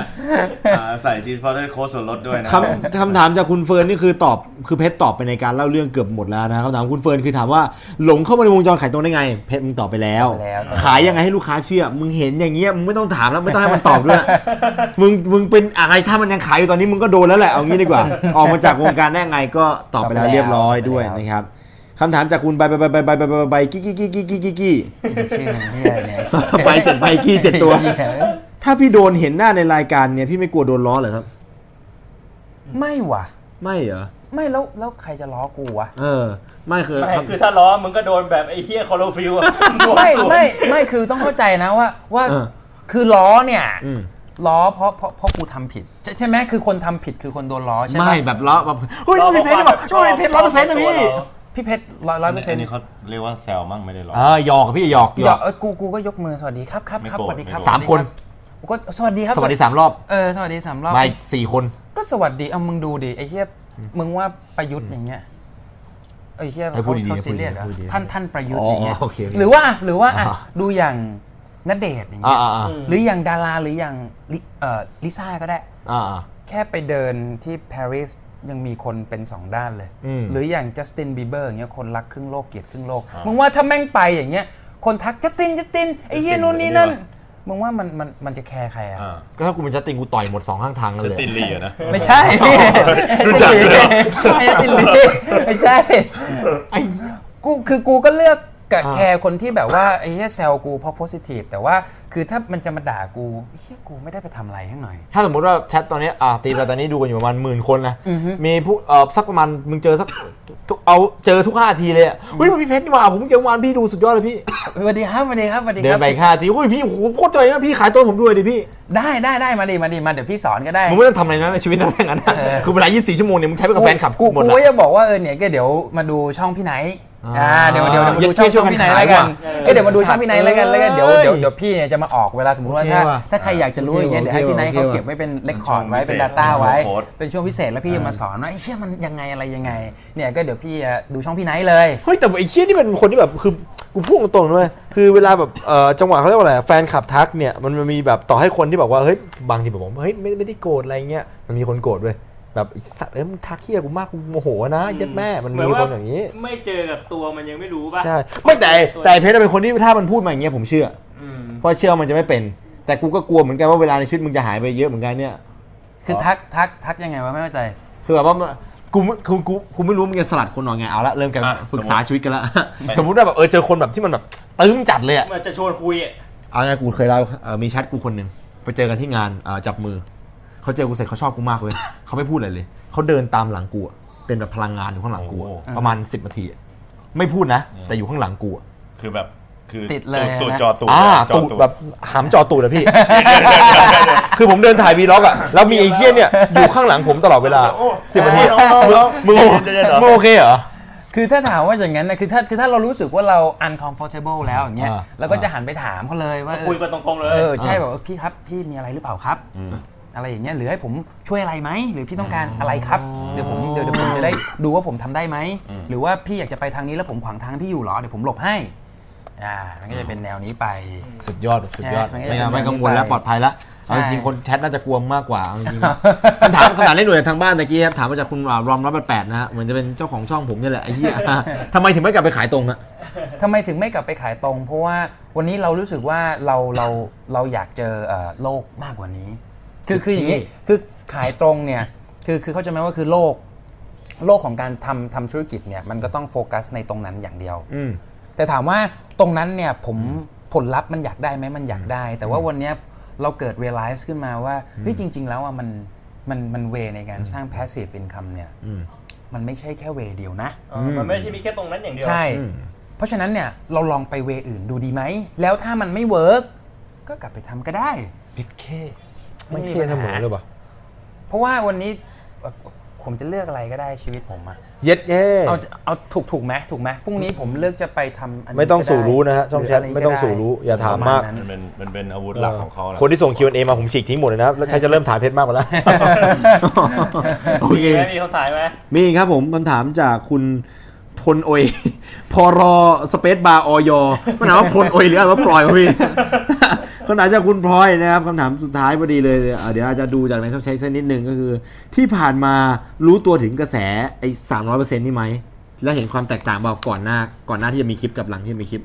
Speaker 5: อ่าใส่จีสปอร์เตอร์โค้ดส่วนลดด้วยนะ
Speaker 1: คำคำถามจากคุณเฟิร์นนี่คือตอบคือเพชรตอบไปในการเล่าเรื่องเกือบหมดแล้วนะคำถามคุณเฟิร์นคือถามว่าหลงเข้ามาในวงจรขายตรงได้ไง เพชรมึงตอบไปแล้ว
Speaker 4: ตอบไปแล้ว
Speaker 1: ขายยังไงให้ลูกค้าเชื่อ มึงเห็นอย่างเงี้ยมึงไม่ต้องถามแล้วไม่ต้องให้มันตอบด้วยมึงมึงเป็นอะไรถ้ามันยังขายอยู่ตอนนี้มึงก็โดนแล้วแหละเอางี้ดีกว่า ออกมาจากวงการได้ไงก็ตอบไปแล้วเรียบร้อยด้วยนะครับคำถามจากคุณใบใบใบใบใบใบใบใบกี้กี้กี้กี้กี้กี้กี้
Speaker 4: ชื่อมึงเฮีย เนี่ย
Speaker 1: ใบเจ็ดใบกี้เจ็ดตัว ถ้าพี่โดนเห็นหน้าในรายการเนี่ยพี่ไม่กลัวโดนล้อเหรอครับ
Speaker 4: ไม่ว่ะ
Speaker 1: ไม่เหรอ
Speaker 4: ไม่แล้วแล้วใครจะล้อกูวะ
Speaker 1: เออ ไม่คือ
Speaker 2: ไม่คือถ้าล้อมึงก็โดนแบบไอ้เฮียคอโลฟิลอะ
Speaker 4: ไม่ไม่ไม่คือต้องเข้าใจนะว่าว่า
Speaker 1: เออ
Speaker 4: คือล้อเนี่ย
Speaker 1: อืม
Speaker 4: ล้อเพราะเพราะเพราะกูทำผิดใช่ใช่ไหมคือคนทำผิดคือคนโดนล้อใช่ไหม
Speaker 1: ไม่แบบล้อแบบเฮ้ยพี่เพชรแบบช่วยเพชรร้อยเปอร์เซ็นต์นะพี่
Speaker 4: พี่เพชรร้อยร้อยเปอร์เซ็นต์
Speaker 5: นี้เขาเรียกว่าแซลมั่งไม่ได้หรอก
Speaker 1: เออหยอกพี่หยอกหย
Speaker 4: เดี๋ย
Speaker 1: อ
Speaker 4: ว
Speaker 1: ก
Speaker 4: เออกูกูก็ยกมือสวัสดีครับครับครับ
Speaker 5: ไม่
Speaker 4: ส
Speaker 5: โกรธ
Speaker 4: วัสดีครับ
Speaker 5: ไม่โกรธ
Speaker 1: สามคน
Speaker 4: กูก็สวัสดีครับ
Speaker 1: สวัสดีสามรอบ
Speaker 4: เออสวัสดีสามรอบ
Speaker 1: มาอีกสี่คน
Speaker 4: ก็สวัสดีเอามึงดูดิไอ้เหี้ยมึงว่าประยุทธ์อย่างเงี้ยไอ้เหี้ย
Speaker 1: ไอ้พูด
Speaker 4: เขา
Speaker 1: ดีๆ
Speaker 4: เขา
Speaker 1: พู
Speaker 4: ซี
Speaker 1: ดดีๆ
Speaker 4: เรียสเหรอ
Speaker 1: พูดดีๆ
Speaker 4: ท่านท่านประยุทธ์อย่างเงี้ย
Speaker 1: อ๋อโอเคโอเค
Speaker 4: หรือว่าหรือว่าอ่ะ
Speaker 1: อ่า
Speaker 4: ดูอย่างณเดชน์อย่างเงี้
Speaker 1: อ่าย อ่าอ่า
Speaker 4: หรืออย่างดาราหรืออย่างลิเอ่อลิซ่าก็ได้
Speaker 1: อ่าอ่า
Speaker 4: แค่ไปเดินที่ปารีสยังมีคนเป็นสองด้านเลย
Speaker 1: อืม
Speaker 4: หรืออย่างจัสตินบีเบอร์อย่างเงี้ยคนรักครึ่งโลกเกลียดครึ่งโลก มึงว่าถ้าแม่งไปอย่างเงี้ยคนทักจัสตินจัสตินไอ้เหี้ยนู่นนี่นั่น มึงว่ามันมันมันจะแคร์ใครอ่ะ
Speaker 5: อ่า
Speaker 1: ก็ถ้ากูเป็นจัสตินกูต่อยหมดสองข้างทางเล
Speaker 5: จะ
Speaker 1: ย
Speaker 5: ตินหลีอะนะ
Speaker 4: ไม่ใช่ไม่ใช่ไม่ใช่ไม่ใช่
Speaker 1: ไอ้
Speaker 4: กูคือกูก็เลือกกับ
Speaker 1: อ่า
Speaker 4: แคร์คนที่แบบว่าไอ้เหี้ยแซวกูเพราะโพสิทีฟแต่ว่าคือถ้ามันจะมาด่ากูเหี้ยกูไม่ได้ไปทำอะไรให้หน่อย
Speaker 1: ถ้าสมมติว่าแชทตอนนี้อ่าตีเราตอนนี้ดูกันอยู่ประมาณหมื่นคนนะ
Speaker 4: อือฮึ
Speaker 1: มีผู้เอ่อสักประมาณมึงเจอสักทุกเอาเจอทุกห้าทีเลยอะเฮ้ยมันพี่เพชรนี่หว่าผมเจอเมื่อวานพี่ดูสุดยอดเลยพี่
Speaker 4: สวัสดีครับสวัสดีครับสวัสดี
Speaker 1: เดิ
Speaker 4: ครั
Speaker 1: น
Speaker 4: บ
Speaker 1: ไปห้าทีเฮ้ยพี่โอ้โหโคตรใจนะพี่ขายตัวผมด้วยดิพี่
Speaker 4: ได้ได้ได้มาดิมาดิมาเดี๋ยวพี่สอนก็ได้
Speaker 1: มึงไม่ต้องทำอะไรนะในชีวิตนะอย่างนั้นนะ
Speaker 4: เออ
Speaker 1: คือเวลา 24 ชั่วโมงเนี่ยมึงใช้ไปกับแฟนคลับ
Speaker 4: กู
Speaker 1: หมด
Speaker 4: กู
Speaker 1: นะ
Speaker 4: ก็จะบอกว่าเออเนี่ยก็เดี๋ยวมาดูช่องพี่ไนท์อ่า
Speaker 1: อ่า
Speaker 4: เดี๋ยวเดี๋ยวมาดูช่อง
Speaker 1: เย็ดเย็ดช่อง
Speaker 4: พี่ไนท์แล้วกัน
Speaker 1: เออ
Speaker 4: เอ้ยเดี๋ยวมาดูช่องพี่ไนท์แล้วกันแล้วก็เดี๋ยว
Speaker 1: เอ้ย
Speaker 4: เดี๋ยวเดี๋ยวพี่เนี่ยจะมาออกเวลาสมมติว่า
Speaker 1: โอเค
Speaker 4: ถ้า
Speaker 1: ว่ะ
Speaker 4: ถ้าใครอยากจะรู้อย่างเงี้ย
Speaker 1: โอเค
Speaker 4: เดี๋ยวให้พี่ไนท์
Speaker 1: โอเค
Speaker 4: เขา
Speaker 1: ว่ะ
Speaker 4: เก็บไว้เป็นเลคคอร์ดไว้เป็น
Speaker 5: เป็นช่องพิเศษ
Speaker 4: Data ไว้
Speaker 5: โค้ด
Speaker 4: เป็นช่วงพิเศษแล้วพี่จะมาสอนว่าไอ้เชี่ยมันยังไงอะไรยังไงเนี่ยก็เดี๋ยวพี่อ่ะดูช่องพี่ไนท์เลย
Speaker 1: เฮ้ยแต่ไอ้เชี่ยนี่เป็นคนที่แบบคือกูพูดตรงๆนะเลยคือเวลาแบบเอ่อจังหวะเขาเรียกว่าอะไรแฟนคลับทักเนี่ยมันมันมีแบบต่อให้คนที่แบบว่าเฮ้ยบางทีแบบผมเฮ้ยไม่ไม่ได้โกรธอะไรเงี้ยมันมีคนโกรธเว้ยแบบไอ้สัตว์เอ้ยมึงทักเฮียกูมากกูโมโหนะเยัดแม่มันมีคนอย่างนี้
Speaker 2: ไม่เจอกับตัวมันยังไม่รู้ป่ะ
Speaker 1: ใช่ไม่แต่แต่เพชรเป็นคนที่ถ้ามันพูดมาอย่างเงี้ยผมเชื่อ
Speaker 2: อืม
Speaker 1: เพราะเชื่อมันจะไม่เป็น แต่กูก็กลัวเหมือนกันว่าเวลาในชีวิตมึงจะหายไปเยอะเหมือนกันเนี่ย
Speaker 4: คือทักทักทักยังไงวะไม่เข้าใจ
Speaker 1: คือแบบว่ากูไม่กูกูกูไม่รู้มึงจะสลัดคนหน่อยไงเอาละเริ่มกัน
Speaker 5: อ่ะ
Speaker 1: ปรึกษา
Speaker 5: สมมุติ
Speaker 1: ชีวิตกันละ สมมติว่าแบบเออเจอคนแบบที่มันแบบตึงจัดเลยอะ
Speaker 2: มันจะชวนคุยอะ
Speaker 1: เอาไงกูเคยเล่าเอ่อมีแชทกูคนหนึ่งไปเจอกันที่งานเอ่อจับมือเขาเจอกูเสร็จเขาชอบกูมากเลยเขาไม่พูดอะไรเลยเขาเดินตามหลังกูอะเป็นแบบพลังงานอยู่ข้างหลังกูอะ
Speaker 5: โอ้โห
Speaker 1: ประมาณ 10นาทีอะไม่พูดนะ แต่อยู่ข้างหลังกูอะ
Speaker 5: คือแบบ คือ
Speaker 4: ติดเลย
Speaker 5: ตูด
Speaker 4: นะ
Speaker 5: จอตูด
Speaker 1: อ่า
Speaker 5: จอ
Speaker 1: ตูดแบบหามจอตูดอะพี่ คือผมเดินถ่ายวีล็อกอะแล้วมีไอ้เชี่ยเนี่ย อยู่ข้างหลังผมตลอดเวลาสิบนาทีมึงโอมึงโอเคเหรอ
Speaker 4: คือถ้าถามว่าอย่างนั้นนะคือถ้าคือถ้าเรารู้สึกว่าเรา uncomfortable แล้วอย่างเงี้ย
Speaker 1: อ่า
Speaker 4: เราก็จะหันไปถามเขาเลยว่าเออ
Speaker 2: คุยกันตรงๆเลย
Speaker 4: เออใช่แบบว่าพี่ครับพี่มีอะไรหรือเปล่าครับ อะไรอย่างเงี้ยหรือให้ผมช่วยอะไรไหมหรือพี่ต้องการอะไรครับเดี๋ยวผมเดี๋ยวเดี๋ยวผมจะได้ดูว่าผมทำได้ไหมหรือว่าพี่อยากจะไปทางนี้แล้วผมขวางทางพี่อยู่เหรอเดี๋ยวผมหลบให้อ่ามันก็จะเป็นแนวนี้ไป
Speaker 1: สุดยอดสุดยอด
Speaker 4: ใช่
Speaker 1: ไม่ไม่กังวลแล้วปลอดภัยแล้วเอาจริง
Speaker 4: ใช่
Speaker 1: ๆคนแชทน่าจะกลัวมากกว่าเอาจริงๆคำถามคำถามในหน่วยทางบ้านตะกี้ครับถามมาจากคุณรอมรับแปดนะฮะเหมือนจะเป็นเจ้าของช่องผมเนี่ยแหละไอ้เหี้ย ทำไมถึงไม่กลับไปขายตรงอะ
Speaker 4: ทำไมถึงไม่กลับไปขายตรง เพราะว่าวันนี้เรารู้สึกว่าเราเราเราอยากเจอเอ่อโลกมากกว่านี้ คือคืออย่างนี้คือขายตรงเนี่ยคือคือเข้าใจไหมว่าคือโลก โลกของการทำทำธุรกิจเนี่ยมันก็ต้องโฟกัสในตรงนั้นอย่างเดียว แต่ถามว่าตรงนั้นเนี่ยผมผลลัพธ์มันอยากได้ไหมมันอยากได้ แต่ว่าวันเนี้ยเราเกิด realize ขึ้นมาว่าเฮ้ยจริง ๆ แล้วอ่ะมันมันมันเวในการสร้าง passive income เนี่ย
Speaker 1: อืม
Speaker 4: มันไม่ใช่แค่เวเดียวนะ
Speaker 2: เออมันไม่ใช่มีแค่ตรงนั้นอย่างเดียว
Speaker 4: ใช่ เพราะฉะนั้นเนี่ยเราลองไปเวอื่นดูดีไหม แล้วถ้ามันไม่เวิร์กก็กลับไปทำก็ได้
Speaker 1: พิดเค
Speaker 4: ไม่มีปัญหา เพราะว่าวันนี้เอ่อผมจะเลือกอะไรก็ได้ชีวิตผมอะ
Speaker 1: เย็ดเย่
Speaker 4: เอาเอาถูกถูกไหมถูกไหมพรุ่งนี้ผมเลือกจะไปทำอันนี้
Speaker 1: ไม่ต้อง
Speaker 4: ก็ด้
Speaker 1: สู่รู้นะฮะช่องแชท
Speaker 4: หะร
Speaker 1: ไม่ต้องสู่รู้อย่าถาม
Speaker 4: ประณ
Speaker 1: มาก
Speaker 4: นั้น
Speaker 5: มันเป็นมันเป็นอาวุธหลักของเขาแหละ
Speaker 1: คนที่ส่ง Q&A มาผมฉีกทิ้งหมดเลยนะครับแล้วใช้จะเริ่มถามเพชรมากกว่าแล้ว โอ
Speaker 2: มี
Speaker 1: เค
Speaker 2: ไหมมีคำถามไหม
Speaker 1: มีครับผมคำถามจากคุณพลโอย พอรอสเปซบาร์ออยมันถามว่าพลโอยหรืออ่านว่าพลอยวะพี่ คำถามจากคุณพลอยนะครับคำถามสุดท้ายพอดีเลยอ่ะเดี๋ยวอาจจะดูจากในช่องใช้สักนิดนึงก็คือ ที่ผ่านมารู้ตัวถึงกระแสไอ้สามร้อยเปอร์เซ็นต์นี่ไหม แล้วเห็นความแตกต่างเปล่าก่อนหน้า ก่อนหน้าที่จะมีคลิปกับหลังที่จะมีคลิป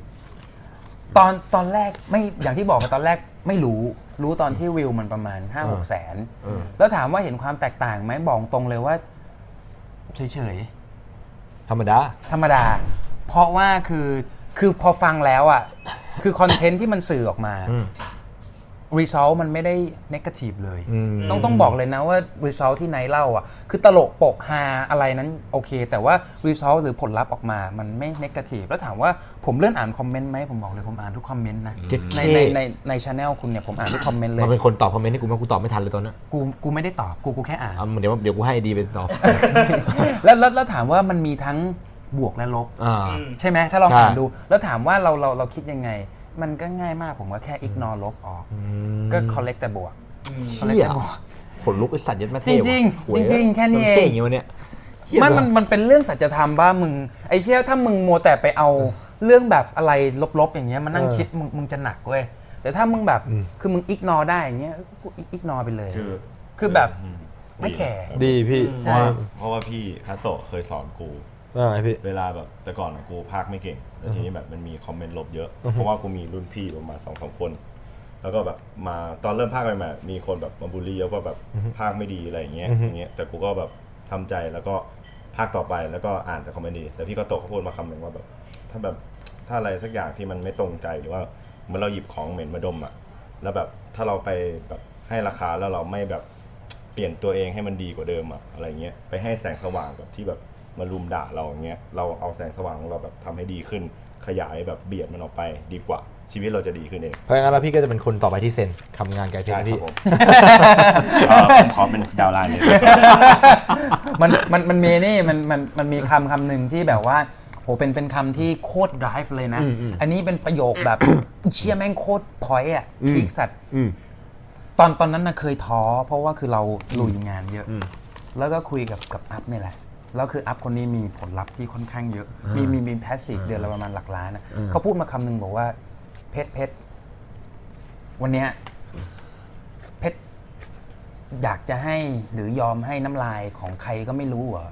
Speaker 4: ตอนตอนแรกไม่อย่างที่บอกไปตอนแรกไม่รู้รู้ตอนที่วิวมันประมาณ5้าหกแสน แล้วถามว่าเห็นความแตกต่างไหมบอกตรงเลยว่าเฉยๆ
Speaker 1: ธรรมดา
Speaker 4: ธรรมดา เพราะว่าคือคือพอฟังแล้วอ่ะ คือคอนเทนต์ที่มันสื่อออกมา
Speaker 1: อืม
Speaker 4: Result มันไม่ได้ Negative เลย ต้องต้องบอกเลยนะว่า Result ที่ไนท์เล่าอ่ะ คือตลกปกฮาอะไรนั้นโอเค แต่ว่า Result หรือผลลัพธ์ออกมา มันไม่ Negative แล้วถามว่าผมเลื่อนอ่านคอมเมนต์ไหมผมบอกเลยผมอ่านทุกคอมเมนต์นะ
Speaker 1: เจ็ด
Speaker 4: ในในในในชาแนลคุณเนี่ยผมอ่านทุกคอมเมนต์เลย
Speaker 1: มันเป็นคนตอบคอมเมนต์ให้กูมั้ยกูตอบไม่ทันเลยตอนนั้น
Speaker 4: กูกูไม่ได้ตอบกูกูแค่อ่าน
Speaker 1: อ่ะเดี๋ยวเดี๋ยวกูให้ดีไป ตอบ
Speaker 4: แล้วแล้วแล้วถามว่ามันมีทั้งบวกและลบ
Speaker 1: อ่า
Speaker 4: ใช่ไหมถ้าลอง
Speaker 1: ใช่
Speaker 4: อ่านดู แล้วถามว่าเราเราเราคิดยังไง มันก็ง่ายมากผมก็แค่ ignore ลบออก ก็ collect แต่บวก collect
Speaker 1: เชี่ย
Speaker 4: แต่บวก
Speaker 1: ขนลุกไอสัตว์ยัดมาเท
Speaker 4: จริงๆ
Speaker 1: ว่ะหวย
Speaker 4: จริงๆแค่นี้เอ
Speaker 1: มั
Speaker 4: ง
Speaker 1: เก่งอย่างวะเนี่ยเชี่ย
Speaker 4: มัน
Speaker 1: เหรอ
Speaker 4: มันมันเป็นเรื่องสัจธรรมบ้ามึง ไอ้เชี่ยถ้ามึงมัวแต่ไปเอาเรื่องแบบอะไรลบๆ อย่างเงี้ยมานั่ง
Speaker 1: เออ
Speaker 4: คิดมึงมึงจะหนักเว้ย แต่ถ้ามึงแบบคือมึง ignore ได้อย่างเงี้ยกู ignore ไปเลย
Speaker 5: คือ
Speaker 4: คือแบบ
Speaker 5: ม
Speaker 4: ไม่แคร์
Speaker 1: ดีพี่
Speaker 5: เพ
Speaker 4: ใช่
Speaker 5: ราะว่าเพราะว่าพี่คาโตะเคยสอนกู
Speaker 1: อ่าพี่
Speaker 5: เวลาแบบแต่ก่อนอะกูพากย์ไม่เก่งแล้วทีนี้แบบมันมีคอมเมนต์ลบเยอะ เพราะว่ากูมีรุ่นพี่ประมาณสองสามคน แล้วก็แบบมาตอนเริ่มพากย์ใหม่ๆมีคนแบบมาบูลลี่เยอะว่าแบบพากย์ไม่ดีอะไรอย่างเงี้ยอย่างเงี้ยแต่กูก็แบบทำใจแล้วก็พากย์ต่อไปแล้วก็อ่านแต่คอมเมนต์ดีแต่พี่ก็ตกเขาพูดมาคำหนึ่งว่าแบบถ้าแบบถ้าอะไรสักอย่างที่มันไม่ตรงใจหรือว่าเหมื่อนเราหยิบของเหม็นมาดมอ่ะแล้วแบบถ้าเราไปแบบให้ราคาแล้วเราไม่แบบ เปลี่ยนตัวเองให้มันดีกว่าเดิมอะอะไรเงี้ยไปให้แสงสว่างแบบที่แบบมารุมด่าเราอย่างเงี้ยเราเอาแสงสว่างของเราแบบทำให้ดีขึ้น ขยายแบบเบียดมันออกไปดีกว่า ชีวิตเราจะดีขึ้นเอง
Speaker 1: เพราะงั้นแล้วพี่ก็จะเป็นคนต่อไปที่เซ็นทำงานไกลเพชร
Speaker 5: ใช่
Speaker 1: นะ
Speaker 5: ครั
Speaker 1: พี่
Speaker 5: บผมเอ่อผมขอเป็นดาวไลน์เลย
Speaker 4: มันมันมันมีนี่มันมันมันมีคำคำหนึ่งที่แบบว่าโหเป็นเป็นคำที่โคตร drive เลยนะ อันนี้เป็นประโยคแบบ เชี่ยแม่งโคตร point อ่ะพีคสัตว์
Speaker 1: อืม
Speaker 4: ตอนตอนนั้นนะเคยท้อ เพราะว่าคือเราลุยงานเยอะ แล้วก็คุยกับกับอัพเนี่ยแหละ แล้วคืออัพคนนี้มีผลลัพธ์ที่ค่อนข้างเยอะ มีมีมีแพสซีฟเดือนละประมาณหลักล้านอะเขาพูดมาคำหนึ่งบอกว่าเพชรเพชรวันเนี้ยเพชร อยากจะให้หรือยอมให้น้ำลายของใครก็ไม่รู้เหรอ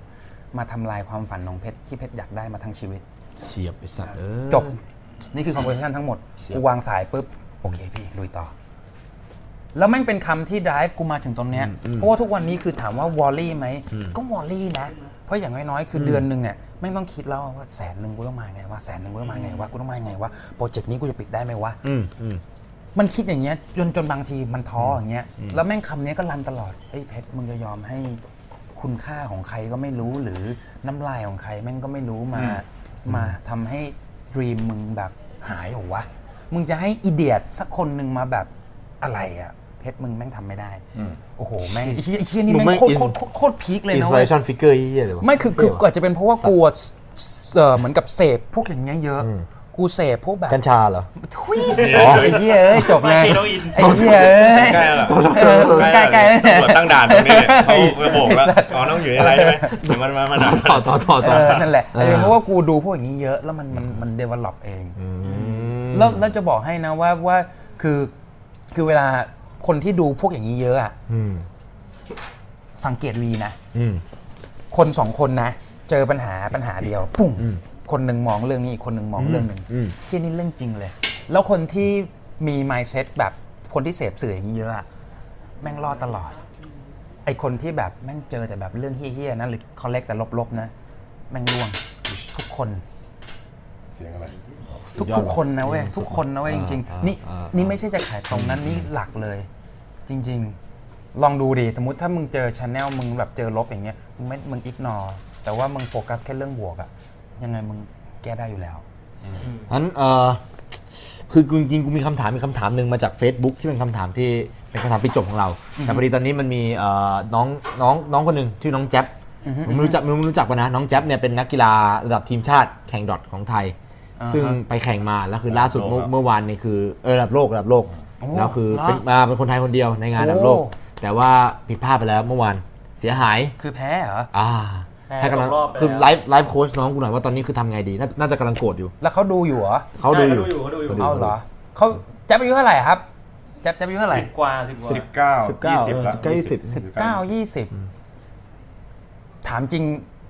Speaker 4: มาทำลายความฝันของเพชรที่เพชรอยากได้มาทั้งชีวิต
Speaker 1: เฉียบไอสัตว์เออ
Speaker 4: จบ นี่คือคอมโพสิชันทั้งหมด กูวางสายปุ๊บ โอเคพี่ลุยต่อ แล้วแม่งเป็นคำที่ drive กูมาถึงตรงเนี้ยเพราะว่าทุกวันนี้คือถามว่าวอลลี่ไหม ก็วอลลี่นะ เพราะอย่างน้อยๆ คืออเดือนหนึ่งเนี่ยแม่งต้องคิดแล้วว่าแสนหนึ่งกูต้องมาไงวะแสนหนึ่งกูต้องมาไงวะกูต้องมาไงวะโปรเจกต์นี้กูจะปิดได้ไหมวะ
Speaker 1: อืมอืม
Speaker 4: มันคิดอย่างเงี้ยจนจนบางทีมันท้ออย่างเงี้ยแล้วแม่งคำเนี้ยก็รันตลอดเอ้ยเพชรมึงจะยอมให้คุณค่าของใครก็ไม่รู้หรือน้ำลายของใครแม่งก็ไม่รู้มามาทำให้ดรีมมึงแบบ หายเหรอวะ มึงจะให้อีเดียดสักคนหนึ่งมาแบบอะไรอะเพชรมึงแม่งทำไม่ได้ โอ้โห แม่งไอ้ เหี้ยไอ้เฮียนี่
Speaker 1: มึง
Speaker 4: แม่ง
Speaker 1: แม่ง
Speaker 4: โคตร
Speaker 1: อิน
Speaker 4: โคตรโคตรโคตรพีคเลย
Speaker 1: อินส
Speaker 4: นะ
Speaker 1: ปิ
Speaker 4: เว้
Speaker 1: เร
Speaker 4: ย
Speaker 1: ชันฟิกเกอร์เหี้ยเลยวะ
Speaker 4: ไม่คือคืออาจจะเป็นเพราะว่ากลัวเอ่อเหมือนกับเสพพวกอย่างเงี้ยเยอะ
Speaker 1: อืม
Speaker 4: กูเสพพวกแบบ
Speaker 1: กัญชาเหรอ
Speaker 4: ทุยไอ้เหี้ยเอ้ยจบเลยไอ้เหี้ยเอ้ย
Speaker 5: ใกล้แล้วล่ะ
Speaker 4: เออใกล้ๆแล้วเนี่ย
Speaker 5: ตำรวจตั้งด่านตรงนี้เนี่ยเขาไปโบกแล้วอ๋อน้องอยู่ในอะไรใช่ไหมเดี๋ยวมันมามาด่า
Speaker 1: ต่อต่อต่อ
Speaker 4: เอ
Speaker 1: ต่อ
Speaker 4: อนั่นแหละอาจจะเป็นเพราะว่ากูดูพวกอย่างนี้เยอะแล้วมันมันมันเดเวล็อปเอง
Speaker 1: ม
Speaker 4: แล้วแล้วจะบอกให้นะว่าว่าคือคือเวลาคนที่ดูพวกอย่างนี้เยอะอะ
Speaker 1: อืม
Speaker 4: สังเกตวีนะ
Speaker 1: อืม
Speaker 4: คนสองคนนะ เจอปัญหาปัญหาเดียวปุ่ง
Speaker 1: อืม
Speaker 4: คนหนึ่งมองเรื่องนี้อีกคนหนึ่งมองเรื่องหนึ่ง
Speaker 1: อืม
Speaker 4: เชี่ยนี่เรื่องจริงเลย แล้วคนที่มี mindset แบบคนที่เสพสื่ออย่างนี้เยอะอะแม่งรอดตลอด ไอคนที่แบบแม่งเจอแต่แบบเรื่องเฮี้ยๆนะหรือคอลเลกแต่ลบๆนะ แม่งร่วงทุกคน ทุกทุกคนนะเว้ยทุกคนนะเว้ยจริงๆนี่นี่ไม่ใช่จะขายตรงนั้นนี่หลักเลย จริง ๆ ลองดูดิสมมติถ้ามึงเจอชาแนลมึงแบบเจอลบอย่างเงี้ยมึงไม่มึงอิกนอแต่ว่ามึงโฟกัสแค่เรื่องบวกอะยังไงมึงแก้ได้อยู่แล้ว
Speaker 1: งั้นเออคือกูจริงๆกูมีคำถามมีกคำถามหนึ่งมาจาก Facebook ที่เป็นคำถามที่เป็นคำถามปิดจบของเรา แต่พอดีตอนนี้มันมีเอ่อน้องน้องน้องคนหนึ่งชื่อน้องแจ๊บผมไม่รู้จักไม่รู้จักปะนะ น้องแจ๊บเนี่ยเป็นนักกีฬาระดับทีมชาติแข่งดอทของไทย ซึ่งไปแข่งมาแล้วคือล่าสุดเมื่อ
Speaker 5: ระดับโลก
Speaker 1: เมื่อวานนี่คือเออระดับโลกระดับโลก
Speaker 4: โอ้
Speaker 1: แล้วคือ
Speaker 4: เหรอ
Speaker 1: เป็นมาเป็นคนไทยคนเดียวในงานระดับโลก
Speaker 4: โอ้
Speaker 1: แต่ว่าผิดพลาดไปแล้วเมื่อวานเสียหาย
Speaker 4: คือแพ้เหรอ
Speaker 1: อ่า
Speaker 2: แพ้
Speaker 1: ให้กำลัง
Speaker 2: ตกรอบไป
Speaker 1: คือ
Speaker 2: แล้ว
Speaker 1: ไลฟ์ไลฟ์โค้ชน้องกูหน่อยว่าตอนนี้คือทำไงดีน่าน่าจะกำลังโกรธอยู่
Speaker 4: แล้วเขาดูอยู่เหรอ
Speaker 1: เขาดูอยู่
Speaker 2: เขาดูอยู่
Speaker 1: เขาดู
Speaker 4: เอาเหรอเขาแจ๊บอายุเท่าไหร่ครับแจ๊บแจ๊บอายุเท่าไหร่
Speaker 2: สิบกว่าสิบกว่า
Speaker 5: สิบเก้ายี่สิบละ
Speaker 1: เก้ายี่สิบ
Speaker 4: เก้ายี่สิบถามจริง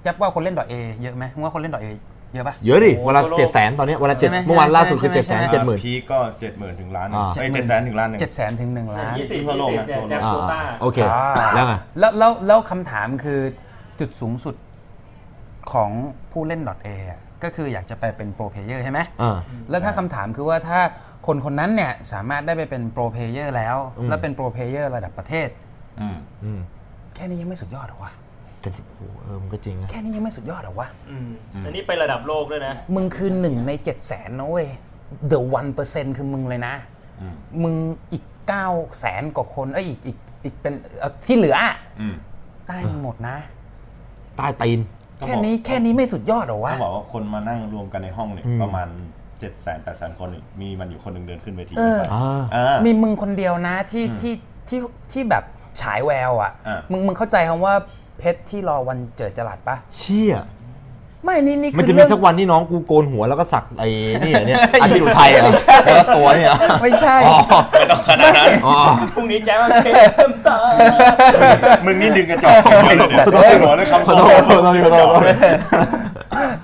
Speaker 4: แจ๊บว่าคนเล่นดอทเอเยอะไหมมึงว่าคนเล่นดอทเอเยอะปะ
Speaker 1: เยอะดิ
Speaker 2: โอ้โห
Speaker 1: วันละ
Speaker 2: ทั่วโลก
Speaker 1: เจ็ดแสนตอนเนี้ยวันละเจ็ด
Speaker 4: ใช่ไหม
Speaker 1: เมื่อวานล่าสุดคือ
Speaker 4: ใช่
Speaker 1: เจ็ด
Speaker 4: ไหม
Speaker 1: แสน
Speaker 4: ใช่ไหม
Speaker 1: เจ็ดหมื่น
Speaker 5: พีคก็เจ็ดหมื่นถึงล้าน
Speaker 1: อ่า
Speaker 5: เอ้ยเจ็ดแสนถึงล้านหนึ่ง
Speaker 4: เจ็ดแสนถึงหนึ่งล้าน
Speaker 2: ยี่สิบ
Speaker 5: ทั่วโลกนะ
Speaker 2: เนี่ย
Speaker 5: ทั่วโลก
Speaker 2: แจ็คโควต้า
Speaker 1: โอเค
Speaker 4: อ่า
Speaker 1: แล้วไง
Speaker 4: แล้วแล้วแล้วคำถามคือจุดสูงสุดของผู้เล่น .a อะก็คืออยากจะไปเป็นโปรเพลเยอร์ใช่ไหม
Speaker 1: อ่า
Speaker 4: แล้วถ้าคำถามคือว่าถ้าคนคนนั้นเนี่ยสามารถได้ไปเป็นโปรเพลเยอร์แล้ว
Speaker 1: อืม
Speaker 4: แล้วเป็นโปรเพลเยอร์ระดับประเทศ
Speaker 1: อืม
Speaker 4: แค่นี้ยังไม่สุดยอดเหรอวะ
Speaker 1: แต่ที่โอ้โหเออมันก็จริงนะ
Speaker 4: แค่นี้ยังไม่สุดยอดเหรอวะ
Speaker 2: อืมอันนี้ไประดับโลกด้วยนะ
Speaker 4: มึงคือหนึ่งในเจ็ดแสนนะเว้ย the one percent คือมึงเลยนะ มึงอีกเก้าแสนกว่าคนเอ้ยอีกอีกอีกเป็นเอ่อที่เหลืออะได้มึงหมดนะ
Speaker 1: ใต้ตีน
Speaker 4: แค่นี้แค่นี้ไม่สุดยอดเหรอวะ
Speaker 5: ต้องบอกว่าคนมานั่งรวมกันในห้องเนี่ย
Speaker 1: อืม
Speaker 5: ประมาณเจ็ดแสนแปดแสนคนเนี่ยมีมันอยู่คนหนึ่งเดินขึ้นเวที
Speaker 4: เออ
Speaker 5: ไป
Speaker 1: อ่า
Speaker 5: อ่า
Speaker 4: มีมึงคนเดียวนะที่ที่ที่ที่แบบฉายแววอ่ะ
Speaker 5: อ่ะ
Speaker 4: มึงมึงเข้าใจคำว่าเพชรที่รอวันเจิดจรัสปะ
Speaker 1: เชี่ย
Speaker 4: ไม่นี่นี่
Speaker 1: มัน
Speaker 4: คื
Speaker 1: จะ
Speaker 4: อ
Speaker 1: มี
Speaker 4: เรื่อง
Speaker 1: สักวันที่น้องกูโกนหัวแล้วก็สักไอ้นี่เหรอเนี่ย อาทิตย์อุทัยเหรอ่ะแล้วก็ตัวเนี่ยเหรอ
Speaker 4: ไม่ใช่
Speaker 1: อ๋อ
Speaker 5: ไม่ต้องขนาดนั้น
Speaker 1: อ๋อ
Speaker 2: พรุ่งนี้แจ็คมาเชมต่อ
Speaker 5: มึงนี่ดึงกระจอกของมันเลยเนี่ยต้องหัวแล้วคำขอโทษ
Speaker 1: ขอโทษขอโทษขอโทษ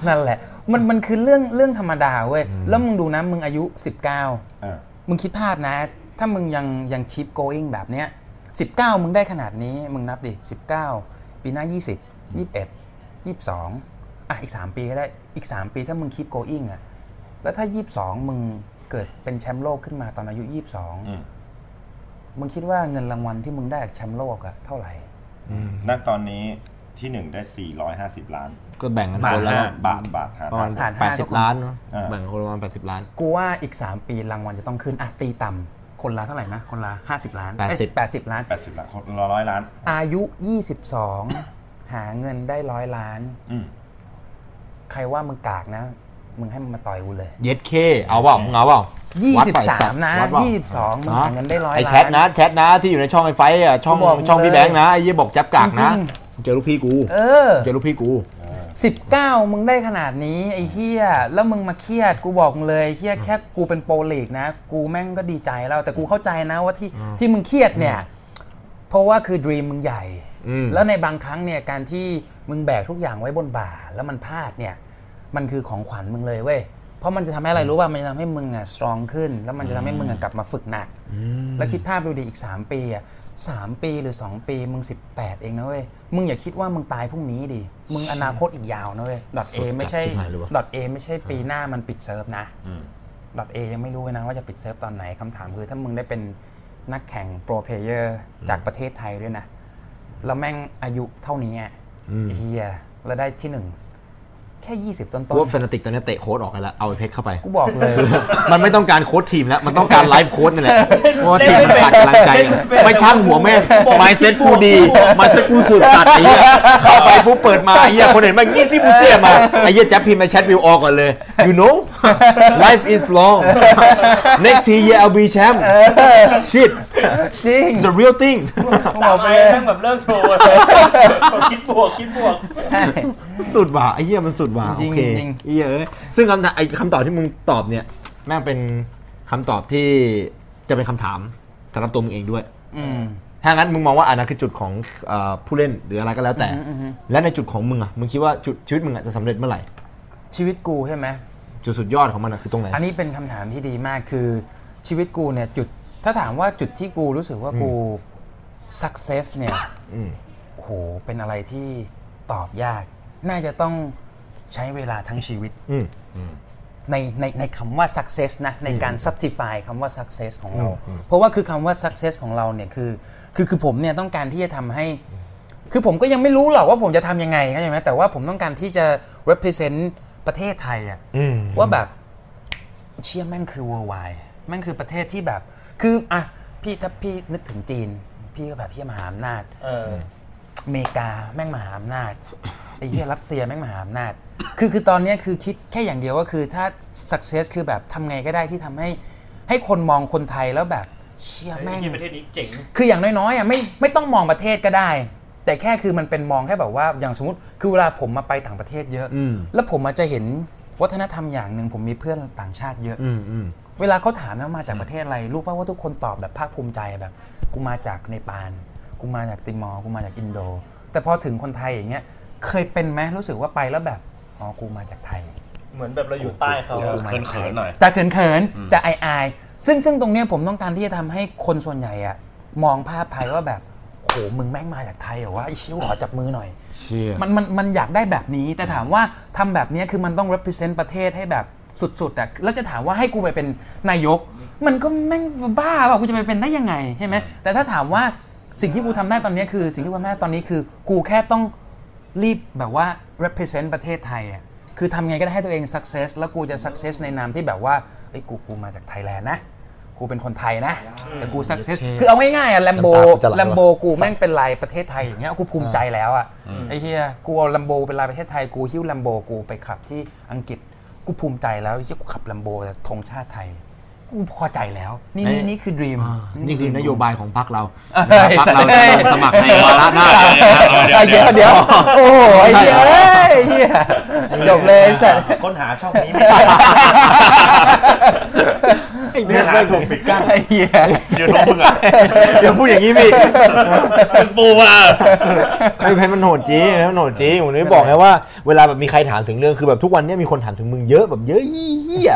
Speaker 4: นั่นแหละ มันมันคือเรื่องเรื่องธรรมดาเว้ย แล้วมึงดูนะ มึงอายุ 19 มึงคิดภาพนะ ถ้ามึงยังยัง keep going แบบเนี้ย 19 มึงได้ขนาดนี้ มึงนับดิ 19 ปีหน้า 20 21 22 อ่ะ อีก 3 ปีก็ได้ อีก 3 ปีถ้ามึง keep going อ่ะ แล้วถ้า 22 มึงเกิดเป็นแชมป์โลกขึ้นมาตอนอายุ
Speaker 5: อืม
Speaker 4: 22 มึงคิดว่าเงินรางวัลที่มึงได้จากแชมป์โลกอะเท่าไหร่
Speaker 5: ณตอนนี้ที่หนึ่งได้ 450 ล้าน
Speaker 1: ก็แบ่งกัน
Speaker 5: บา
Speaker 1: ค
Speaker 5: ท
Speaker 1: นละ
Speaker 5: ห้าบาทบาทห้า
Speaker 1: ประมาณ
Speaker 4: หารห้า
Speaker 1: แปดสิ
Speaker 4: ทุ
Speaker 1: บ
Speaker 4: กคน
Speaker 1: ล้านเนาะ
Speaker 5: อ่า
Speaker 1: แบ่งคนละประมาณแปดสิบล้าน
Speaker 4: กูว่าอีก 3 ปีรางวัลจะต้องขึ้น อ่ะ ตีต่ำคนละเท่าไหร่นะ คนละ 50 ล้าน
Speaker 1: 80
Speaker 4: เอ้ย80 ล้าน
Speaker 5: 80 ล้านคนละร้อยล้าน
Speaker 4: อายุ 22 หาเงินได้ร้อยล้าน
Speaker 5: อืม
Speaker 4: ใครว่ามึงกากนะ มึงให้มันมาต่อยกูเลย
Speaker 1: เย็ดเค เอาเปล่ามึงเอาเปล่าวัดไปสัตว์
Speaker 4: 23 นะ
Speaker 1: วัดเปล่า
Speaker 4: 22 มึงหาเงินได้ร้อย
Speaker 1: ไอ
Speaker 4: ล้าน
Speaker 1: แชทนะแชทนะที่อยู่ในช่องไอไฟท์อ่ะช่อง
Speaker 4: บอกมึง
Speaker 1: ช่องพี่
Speaker 4: เลย
Speaker 1: แบงค์นะไอเยี่ยบอกแจ๊บกากนะ
Speaker 4: จริง
Speaker 1: เจอลูกพี่กู
Speaker 4: เออ
Speaker 1: เจอลูกพี่กู
Speaker 4: 19 มึงได้ขนาดนี้ไอ้เฮียแล้วมึงมาเครียด กูบอกมึงเลยเฮียแค่กูเป็นโปรลีกนะ กูแม่งก็ดีใจแล้ว แต่กูเข้าใจนะว่าที่ที่มึงเครียดเนี่ย เพราะว่าคือดีมมึงใหญ่
Speaker 1: อืม
Speaker 4: แล้วในบางครั้งเนี่ยการที่มึงแบกทุกอย่างไว้บนบ่า แล้วมันพลาดเนี่ย มันคือของขวัญมึงเลยเว้ย เพราะมันจะทำให้อะไรรู้ว่ามันจะทำให้มึงอ่ะสตรองขึ้น แล้วมันจะทำให้มึงอ่ะกลับมาฝึกหนัก แล้วคิดภาพดูดีอีก 3 ปีอ่ะสามปีหรือ 2 ปีมึง 18 เองนะเว้ย มึงอย่าคิดว่ามึงตายพรุ่งนี้ดิ มึงอนาคตอีกยาวนะเว้ยดอทเอไม่ใช่
Speaker 1: จัดชิบหายเลยวะ
Speaker 4: ดอทเอไม่ใช่ปีหน้ามันปิดเซิร์ฟนะ ดอทเอยังไม่รู้เลยนะว่าจะปิดเซิร์ฟตอนไหนคำถามคือถ้ามึงได้เป็นนักแข่งโปรเพลเยอร์จากประเทศไทยด้วยนะ แล้วแม่งอายุเท่านี้อะเฮียแล้วได้ที่หนึ่ง แค่ 20 ต้น
Speaker 1: กูว่าแฟนติกตอนนี้เตะโค้ดออกกันแล้วเอาไอ้เพชรเข้าไป
Speaker 4: ๆ กูบอก เลย
Speaker 1: มันไม่ต้องการโค้ดทีมแล้ว มันต้องการไลฟ์โค้ดนี่แหละเพราะว่า
Speaker 2: เล่
Speaker 1: ที
Speaker 2: น
Speaker 1: ม
Speaker 2: ไม่
Speaker 1: มันขาดกำ
Speaker 2: เป็น
Speaker 1: ลังใจอะ
Speaker 2: เล่นไม่เป็น
Speaker 1: ไม่ช่างหัวแม่ไมเซ็ตกูดีไมเซ็ตกูสืบตัดไอ้เหี้ยเข้าไปปุ๊บเปิดมาไอ้เหี้ยคนเห็นมันยี่สิบเสียมาไอ้เหี้ยแจ๊บพิมพ์มาแชทวิวออก่อนเลย you know life is long next year I'll be champ shit
Speaker 4: จริง
Speaker 1: the real thing
Speaker 4: กูบอกไปเลย
Speaker 2: แม่งแบบเริ่มโชว์เลยคิดบวกคิดบวก
Speaker 1: สุดว่ะไอ้เหี้ยมันสุดว่ะ
Speaker 4: จริ
Speaker 1: โอง เค
Speaker 4: จริง
Speaker 1: ไอ้เหี้ยเอ้ยซึ่งคำถามไอ้คำตอบที่มึงตอบเนี่ยแม่งเป็นคำตอบที่จะเป็นคำถามสำหรับตัวมึงเองด้วย
Speaker 4: อืม
Speaker 1: ถ้างั้นมึงมองว่าอันนั้นคือจุดของเออผู้เล่นหรืออะไรก็แล้วแต่ และในจุดของมึงอะมึงคิดว่าจุดชีวิตมึงอะจะสำเร็จเมื่อไหร่
Speaker 4: ชีวิตกูใช่ไหม
Speaker 1: จุดสุดยอดของมันอะคือตรงไหน
Speaker 4: อันนี้เป็นคำถามที่ดีมากคือชีวิตกูเนี่ยจุดถ้าถามว่าจุดที่กูรู้สึกว่ากูสักเซสเนี่ย
Speaker 1: อืม
Speaker 4: โอ้โหเป็นอะไรที่ตอบยาก น่าจะต้องใช้เวลาทั้งชีวิต
Speaker 1: อืม
Speaker 4: ในในในคำว่า success นะ ในการ certify คำว่า success ของเรา เพราะว่าคือคำว่า success ของเราเนี่ยคือคือคือผมเนี่ยต้องการที่จะทำให้ คือผมก็ยังไม่รู้หรอกว่าผมจะทำยังไงเข้าใจไหมแต่ว่าผมต้องการที่จะ represent ประเทศไทยอะ
Speaker 1: อืม
Speaker 4: ว่าแบบ เชี่ยแม่งคือ worldwide แม่งคือประเทศที่แบบ คืออ่ะพี่ถ้าพี่นึกถึงจีน พี่ก็แบบเฮียมหาอำนาจ อเมริกาแม่งมหาอำนาจไอ้เหี้ยรัสเซียแม่งมหาอำนาจ คือคือตอนเนี้ยคือคิดแค่อย่างเดียวก็คือถ้า success คือแบบทำไงก็ได้ที่ทำให้ให้คนมองคนไทยแล้วแบบเชี่ยแม่ง
Speaker 2: ที่ประเทศนี้เจ๋ง
Speaker 4: คืออย่างน้อยๆอ่ะไม่ไม่ต้องมองประเทศก็ได้ แต่แค่คือมันเป็นมองแค่แบบว่าอย่างสมมติคือเวลาผมมาไปต่างประเทศเยอะ
Speaker 1: อืม
Speaker 4: แล้วผมอาจจะเห็นวัฒนธรรมอย่างหนึ่งผมมีเพื่อนต่างชาติเยอะ
Speaker 1: อืมอืม
Speaker 4: เวลาเขาถามนะว่ามาจากประเทศอะไร รู้ป่าว่าทุกคนตอบแบบภาคภูมิใจแบบ กูมาจากเนปาลกูมาจากติมอร์กูมาจากอินโด แต่พอถึงคนไทยอย่างเงี้ย เคยเป็นไหมรู้สึกว่าไปแล้วแบบอ๋อกูมาจากไทย
Speaker 2: เหมือนแบบเราอยู่ใต้เขา
Speaker 16: เขินๆหน่อย
Speaker 4: จะเขินเขินๆจะอายอายๆซึ่งซึ่งตรงเนี้ยผมต้องการที่จะทำให้คนส่วนใหญ่อะมองภาพไทยว่าแบบโหมึงแม่งมาจากไทยเหรอวะไอชิวขอจับมือหน่อยมันมันมันอยากได้แบบนี้ แต่ถามว่าทำแบบเนี้ยคือมันต้อง represent ประเทศให้แบบสุดๆอะแล้วจะถามว่าให้กูไปเป็นนายก มันก็แม่งบ้าเปล่ะกูจะไปเป็นได้ยังไงใช่ไหมแต่ถ้าถามว่าสิ่งที่กูทำได้ตอนเนี้ยคือ สิ่งที่กูทำได้ตอนนี้คือ กูแค่ต้อง รีบแบบว่า represent ประเทศไทยอ่ะ คือทำไงก็ได้ให้ตัวเอง success แล้วกูจะ success ในนามที่แบบว่าเอ้ยกูกูมาจากไทยแลนด์นะ กูเป็นคนไทยนะ แต่กู success คือเอาง่ายๆอ่ะแลมโบ
Speaker 1: น้ำตากูจะไหลวะ
Speaker 4: แลมโบกูแม่งเป็นลายประเทศไทยอย่างเงี้ยกูภูมิใจแล้วอ่ะ ไอ้เฮียกูเอาแลมโบเป็นลายประเทศไทย กูหิ้วแลมโบกูไปขับที่อังกฤษ กูภูมิใจแล้วเฮียกูขับแลมโบแต่ธงชาติไทย กูพอใจแล้ว นี่นี่นี่คือ dream
Speaker 1: นี่คือนโยบายของพรรคเรา
Speaker 4: เอ้ย
Speaker 1: พรรคเราจะลงสมัครในวาระหน้า
Speaker 4: ไอ้เดี๋ยวเดี๋ยวโอ้โหไอ้เหี้ยเอ้ยไอ้เหี้ยจบเลยไอ้สัตว์
Speaker 17: ค้นหาช่องนี้ไม่ได้
Speaker 1: ไอ้เนื้อหาถูกปิดกั้น
Speaker 4: ไอ้เหี้ย
Speaker 16: ยืนลงมึงอ่ะ
Speaker 1: เดี๋ยวพูดอย่างนี้พี่
Speaker 16: มึงปูมา
Speaker 1: ไอ้เพชรมันโหดจริงไอ้เพชรมันโหดจริงผมเลยบอกไงว่าเวลาแบบมีใครถามถึงเรื่องคือแบบทุกวันเนี้ยมีคนถามถึงมึงเยอะแบบเยอะเหี้ย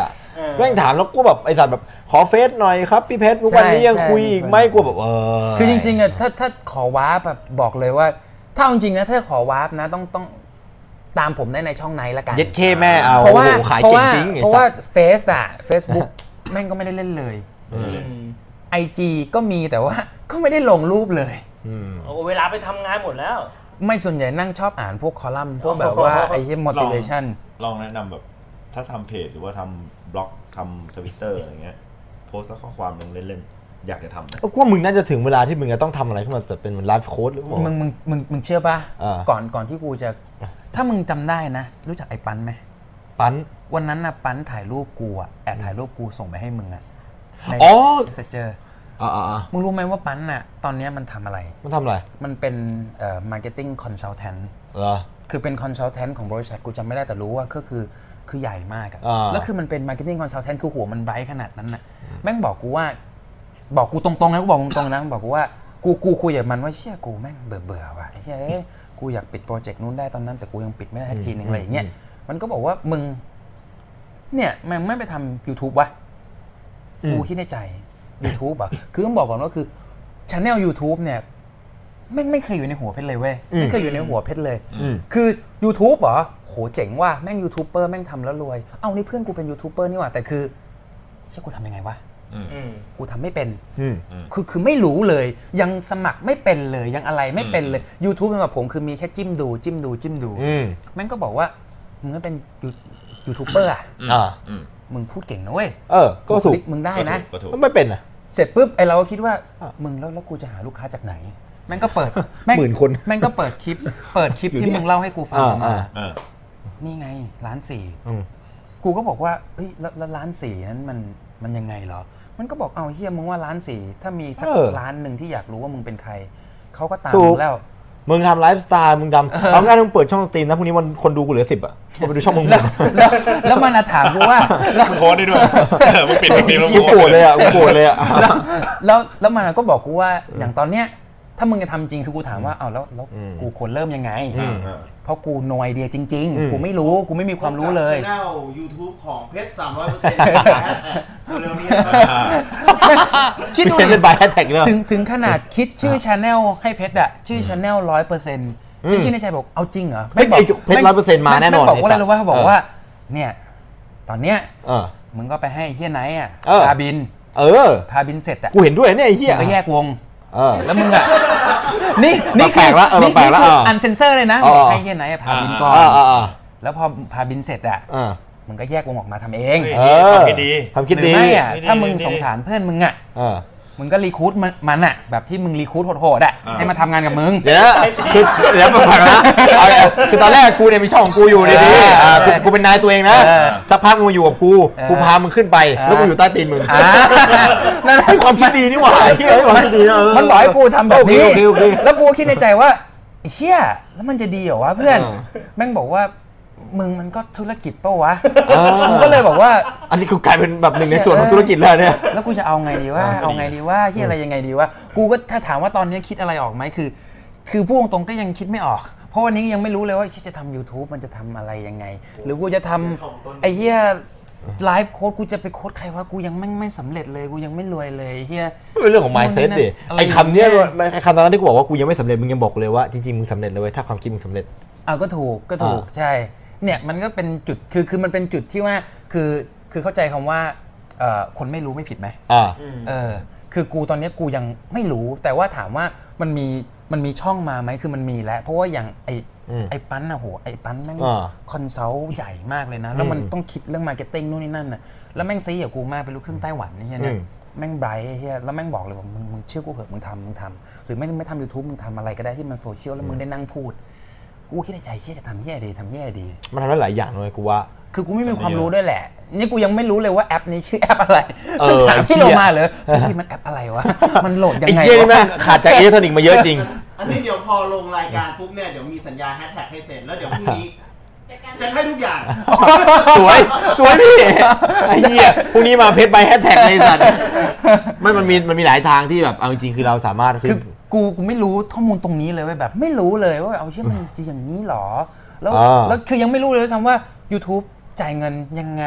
Speaker 1: แม่งถามแล้วกูแบบไอ้สัตว์แบบขอเฟซหน่อยครับพี่เพชรทุกวันนี้ยังคุยอีกไหม่กูแบบเออ
Speaker 4: คือจริงๆอะถ้าถ้าขอวาร์ปแบบบอกเลยว่า ถ้าเอาจริงๆนะถ้าขอวาร์ปนะต้องต้องตามผมได้ในช่องไหนละกัน
Speaker 1: เย็ดเข้แม่เอา
Speaker 4: เพราะว่า
Speaker 1: โอ้โหขาย
Speaker 4: เพราะ
Speaker 1: เก่งจ
Speaker 4: ว่า
Speaker 1: ริงไอ้
Speaker 4: เพราะว่า
Speaker 1: สัตว์
Speaker 4: เฟซอะเฟซบุ๊ก แม่งก็ไม่ได้เล่นเลยไอจีก็มีแต่ว่าก็ไม่ได้ลงรูปเลย
Speaker 1: อืม
Speaker 2: เอาเวลาไปทำงานหมดแล้ว
Speaker 4: ไม่ส่วนใหญ่นั่งชอบอ่านพวกคอลัมน์พวกแบบ ว่าไอ้เหี้ย motivation
Speaker 5: ลองแนะนำแบบ ถ้าทำเพจหรือว่าทำบล็อกทำทวิตเตอร์อะไรเงี้ย โพสต์สักข้อความหนึ่งเล่นๆ อยากจะทำนะ
Speaker 1: ก็ว่ามึงน่าจะถึงเวลาที่มึงจะต้องทำอะไรขึ้นมาแบบเป็นเหมือนไลฟ์โค้ดหรือเปล่า
Speaker 4: มึงมึงมึงมึงเชื่อป่ะ
Speaker 1: อ่า
Speaker 4: ก่อนก่อนที่กูจะ ถ้ามึงจำได้นะ รู้จักไอ้ปันไหม
Speaker 1: ปั้น
Speaker 4: วันนั้นนะปั้นถ่ายรูปกูอะแอบถ่ายรูปกูส่งไปให้มึงอะใน
Speaker 1: อ๋อ
Speaker 4: เซเจอร์
Speaker 1: อ่า
Speaker 4: มึงรู้ไหมว่าปั้นอะตอนเนี้ยมันทำอะไร
Speaker 1: มันทำอะไร
Speaker 4: มันเป็นเอ่อมาร์เก็ตติ้งคอนซัลแทน
Speaker 1: เหรอ
Speaker 4: คือเป็นคอนซัลแทนของบริษัทกูจำไม่ได้แต่รู้ว่าก็คือคือใหญ่มากอะ
Speaker 1: อ่า
Speaker 4: แล้วคือมันเป็นมาร์เก็ตติ้งคอนซัลแทนคือหัวมันไบรท์ขนาดนั้นน่ะแม่งบอกกูว่า บอกกูตรงๆนะกูบอกตรงๆนะบอกกูว่ากูกูคุยกับมันว่าเชี่ยกูแม่งเบื่อเบื่อๆว่ะไอ้เชี่ยเอ้ยกูอยากปิดโปรเจกต์นู้นได้ตอนนั้น แต่กูยังปิดไม่ได้สักทีหนึ่งอะไรอย่างเงี้ยมันก็บอกว่ามึง เนี่ยมึงไม่ไปทำ YouTube วะกูคิดในใจ YouTube อ่ะคือต้องบอกก่อนว่าคือช anel YouTube เนี่ยแม่งไม่เคยอยู่ในหัวเพชรเลยเว้ยไม่เคยอยู่ในหัวเพชรเลย คือ YouTube เหรอโหเจ๋งว่ะแม่งยูทูบเบอร์แม่งทำแล้วรวย เอานี่เพื่อนกูเป็นยูทูบเบอร์นี่หว่าแต่คือเชี่ยกูทำยังไงวะ กูทำไม่เป็น
Speaker 1: อืม
Speaker 4: คือคือไม่รู้เลยยังสมัครไม่เป็นเลยยังอะไรไม่เป็นเลย YouTube สำหรับผมคือมีแค่จิ้มดู จิ้มดูจิ้มดู
Speaker 1: อืม
Speaker 4: แม่งก็บอกว่า มึงก็เป็นยูยูทูบเบอร์อะ
Speaker 1: อ่า
Speaker 5: อืม
Speaker 4: มึงพูดเก่งนะเว้ย
Speaker 1: เออ ก็ถูก
Speaker 4: บุคลิมึงได้นะ
Speaker 5: ก็ถูก
Speaker 1: มัน
Speaker 5: ก็ถูก
Speaker 1: ไม่เป็นอ่ะ
Speaker 4: เสร็จปุ๊บไอเราก็คิดว่า
Speaker 1: อ่ะ
Speaker 4: มึงแล้วแล้วกูจะหาลูกค้าจากไหน แม่งก็เปิดแม่ง
Speaker 1: หมื่นคน
Speaker 4: แม่งก็เปิดคลิป เปิดคลิป
Speaker 1: อยู่
Speaker 4: ที่
Speaker 1: เนี่ย
Speaker 4: มึงเล่าให้กูฟัง
Speaker 1: อ่า
Speaker 4: มา
Speaker 1: อ่า
Speaker 5: เออ
Speaker 4: นี่ไงร้านสี่
Speaker 1: อืม
Speaker 4: กูก็บอกว่าเอ้ยแล้วแล้วร้านสี่นั้นมันมันยังไงเหรอ มันก็บอกเอาเฮียมึงว่าร้านสี่ถ้ามีสัก
Speaker 1: เออ
Speaker 4: ร้านหนึ่งที่อยากรู้ว่ามึงเป็นใครเขาก็ตาม
Speaker 1: ถูก
Speaker 4: มึงแล้ว
Speaker 1: มึงทำไลฟ์สไตล์มึงทำเอาง่ายๆมึงเปิดช่องสตรีมนะพรุ่งนี้วันคนดูกูเหลือสิบ อ่ะก็ไปดูช่องมึงหมด
Speaker 4: แล้วแล้วมันอะถามกู ว่าแล้ว
Speaker 5: โพสต์ได้ด้วยเออมึงปิดตรงนี้มึง
Speaker 1: กู
Speaker 5: โพ
Speaker 1: โกรธ
Speaker 5: สต์
Speaker 1: เลยอ่ะกูโกรธเลยอ่ะ
Speaker 4: แล้วแล้วมันก็บอกกูว่าอย่างตอนเนี้ยถ้ามึงจะทำจริงคือกูถามว่าเอาแล้วแล้ว
Speaker 1: อืม
Speaker 4: กูควรเริ่มยังไง
Speaker 5: อ่าอ่า
Speaker 4: เพราะกูโนไอเดียจริง
Speaker 1: อืม
Speaker 4: ๆ กูไม่รู้ กูไม่มีความรู้เลย
Speaker 7: ช่องยูทูบ YouTube ของเพชรสามร้อยเปอร์เซ็นต์เร็วๆนี้นะครับ
Speaker 4: คิด
Speaker 1: พิ
Speaker 4: ดู
Speaker 1: เศษ
Speaker 4: ดิ
Speaker 1: เป็นบายแฮชแท็กเนี่ย
Speaker 4: ถึงถึงขนาดคิดชื่อชาแนลให้เพชรอะชื่อชาแนลร้อยเปอร์เซ็นต์ไม่คิดในใจบอกเอาจริงเหรอ
Speaker 1: ไม่ไอ้เพชรร้อยเปอร์เซ็นต์มาแน่นอน
Speaker 4: งบอกว่าอะไรรู้ว่า
Speaker 1: สัต
Speaker 4: เขาบอกว่า เนี่ย ตอนเนี้ย
Speaker 1: เออ
Speaker 4: มึงก็ไปให้เฮียไนท์อะ
Speaker 1: เออ
Speaker 4: พาบิน
Speaker 1: เออ
Speaker 4: พาบินเสร็จอะ
Speaker 1: กูเห็นด้วยเนี่ยไอ้เหี้ย
Speaker 4: มึงไปแยกวง
Speaker 1: เออ
Speaker 4: แล้วมึงอะนี่นี่
Speaker 1: แป
Speaker 4: คื
Speaker 1: ล
Speaker 4: อก
Speaker 1: ละเออ
Speaker 4: นี่
Speaker 1: แปล
Speaker 4: นี่
Speaker 1: กละ
Speaker 4: คือ
Speaker 1: เอออั
Speaker 4: อันเซนเซอร์เลยนะ
Speaker 1: อ๋อ
Speaker 4: บอกให้เฮียไนท์อะพาบินก่อน
Speaker 1: อ่าอ่าอ่า
Speaker 4: แล้วพอพาบินเสร็จอะ
Speaker 1: อ่า
Speaker 4: มึงก็แยกวงออกมาทำเอง
Speaker 1: เออ
Speaker 5: ทำคิดดี
Speaker 1: ทำคิด
Speaker 4: หรื
Speaker 1: ดี
Speaker 4: อไม่อ่ะ
Speaker 5: ไม่ดี
Speaker 4: ถ้ามึง
Speaker 5: ไม่ดี
Speaker 4: สงสารเพื่อนมึงอ่ะ
Speaker 1: เออ
Speaker 4: มึงก็รีครูดมันมันอ่ะแบบที่มึงรีครูดโหดๆอ่ะให้มาทำงานกับมึง
Speaker 1: เดี๋ยวนะคือเดี๋ยวมาฟังนะเอาเอาคือตอนแรกกูเนี่ยมีช่องของกูอยู่ดี
Speaker 4: เออ
Speaker 1: ๆอ่ากูกูเป็นนายตัวเองนะ
Speaker 4: เออ
Speaker 1: สักพักมึงอยู่กับกู
Speaker 4: เออ
Speaker 1: กูพามึงขึ้นไป
Speaker 4: เออ
Speaker 1: แล้วกูอยู่ใต้ตีนมึง
Speaker 4: อ่านั่นแหละ
Speaker 1: ให้ความคิดดีนี่หว่าเฮ้ยให้ความคิดดีนะเออ
Speaker 4: มันบอกให้กูทำแบบนี้
Speaker 1: โอเคโอเคโอเค
Speaker 4: แล้วกูคิดในใจว่าไอ้เชี่ยแล้วมันจะดีเหรอวะเพื่อน
Speaker 1: เออ
Speaker 4: แม่งบอกว่า มึงมันก็ธุรกิจเปะวะ
Speaker 1: เออ
Speaker 4: กูก็เลยบอกว่า
Speaker 1: อันนี้กูกลายเป็นแบบหนึ่งในส่วนของธุรกิจแล้วเนี่ย
Speaker 4: แล้วกูจะเอาไงดีว่า เอาไงดีว่าที่อะไรยังไงดีว่า กูก็ถ้าถามว่าตอนนี้คิดอะไรออกไหมคือ คือพูดตรงๆก็ยังคิดไม่ออก เพราะวันนี้ยังไม่รู้เลยว่าจะทำ YouTube มันจะทำอะไรยังไง หรือกูจะทำไอ้เหี้ยไลฟ์โค้ดกูจะไปโค้ดใครวะกูยังไม่ไม่สำเร็จเลยกูยังไม่รวยเลยไอ้เหี้ย
Speaker 1: เป็นเรื่องของ mindset ดิ
Speaker 4: อะไร
Speaker 1: ไอ้คำเนี้ย
Speaker 4: อย่างเงี้ย
Speaker 1: ไอ้คำตอนนั้นที่กูบอกว่ากูยังไม่สำเร็จ มึงยังบอกเลยว่าจริงๆ มึงสำเร็จเลยเว้ยถ้าความคิดมึงสำเร็จ
Speaker 4: เอาก็ถูกก็ถูก
Speaker 1: อ่า
Speaker 4: ใช่เนี่ยมันก็เป็นจุดคือคือมันเป็นจุดที่ว่าคือคือเข้าใจคำว่าเอ่อคนไม่รู้ไม่ผิดไหม
Speaker 1: ่า
Speaker 4: เออคือกูตอนเนี้ยกูยังไม่รู้แต่ว่าถามว่ามันมีมันมีช่องมาไหมคือมันมีแล้ว เพราะว่าอย่างไอ
Speaker 1: อืม
Speaker 4: ไอปั้นอะโหไอปั้นแม่ง
Speaker 1: อ่า
Speaker 4: คอนเซิลใหญ่มากเลยนะ แล้วมันต้องคิดเรื่องมาร์เก็ตติ้งนู่นนี่นั่นน่ะแล้วแม่งซีกับกูมากเป็นลูกครึ่งไต้หวันนี่เฮียเนี่ย
Speaker 1: อืม
Speaker 4: แม่งไบรท์ไอ้เฮียแล้วแม่งบอกเลยว่ามึงมึงเชื่อกูเหอะมึงทำมึงทำหรือไม่ไม่ทำยูทูบมึงทำอะไรก็ได้ที่มันโซเชียลแล้วมึงได้นั่งพูด กูคิดในใจเฮียจะทำเฮียดีทำเฮียดี
Speaker 1: มันทำได้หลายอย่างเลยกูว่า
Speaker 4: คือกูไม่มีความรู้ด้วยแหละ นี่กูยังไม่รู้เลยว่าแอปนี้ชื่อแอปอะไร
Speaker 1: เออ
Speaker 4: ถามพี่
Speaker 1: ไอ้เหี้ย
Speaker 4: โลมาเลยพี่มันแอปอะไรวะ มันโหลดยัง
Speaker 1: ไอ้
Speaker 4: ไง
Speaker 1: เหี้ยนี่แม่
Speaker 4: วะ
Speaker 1: งขาด จากเอเทอนิกมาเยอะจริง
Speaker 7: อันนี้เดี๋ยวพอลงรายการปุ๊บเนี่ยเดี๋ยวมีสัญญาแฮชแท็กให้เซ็นแล้วเดี๋ยวพรุ่งนี้เซ็นให้ทุกอย่าง
Speaker 1: สวย สวยพี่ ไอ้เหี้ยพรุ่งนี้มาเพชรใบแฮชแท็กในสัตว์ไม่มันมีมันมีหลายทางที่แบบเอาจริงๆคือเราสามารถคื
Speaker 4: คือ
Speaker 1: อ
Speaker 4: กูกูไม่รู้ข้อมูลตรงนี้เลยเว้ยแบบ ไม่รู้เลยว่าเอาเชื่อมันจะอย่างนี้หรอ แล้ว
Speaker 1: อ่า
Speaker 4: แล้วคือยังไม่รู้เลยด้วยซ้ำว่า YouTube จ่ายเงินยังไง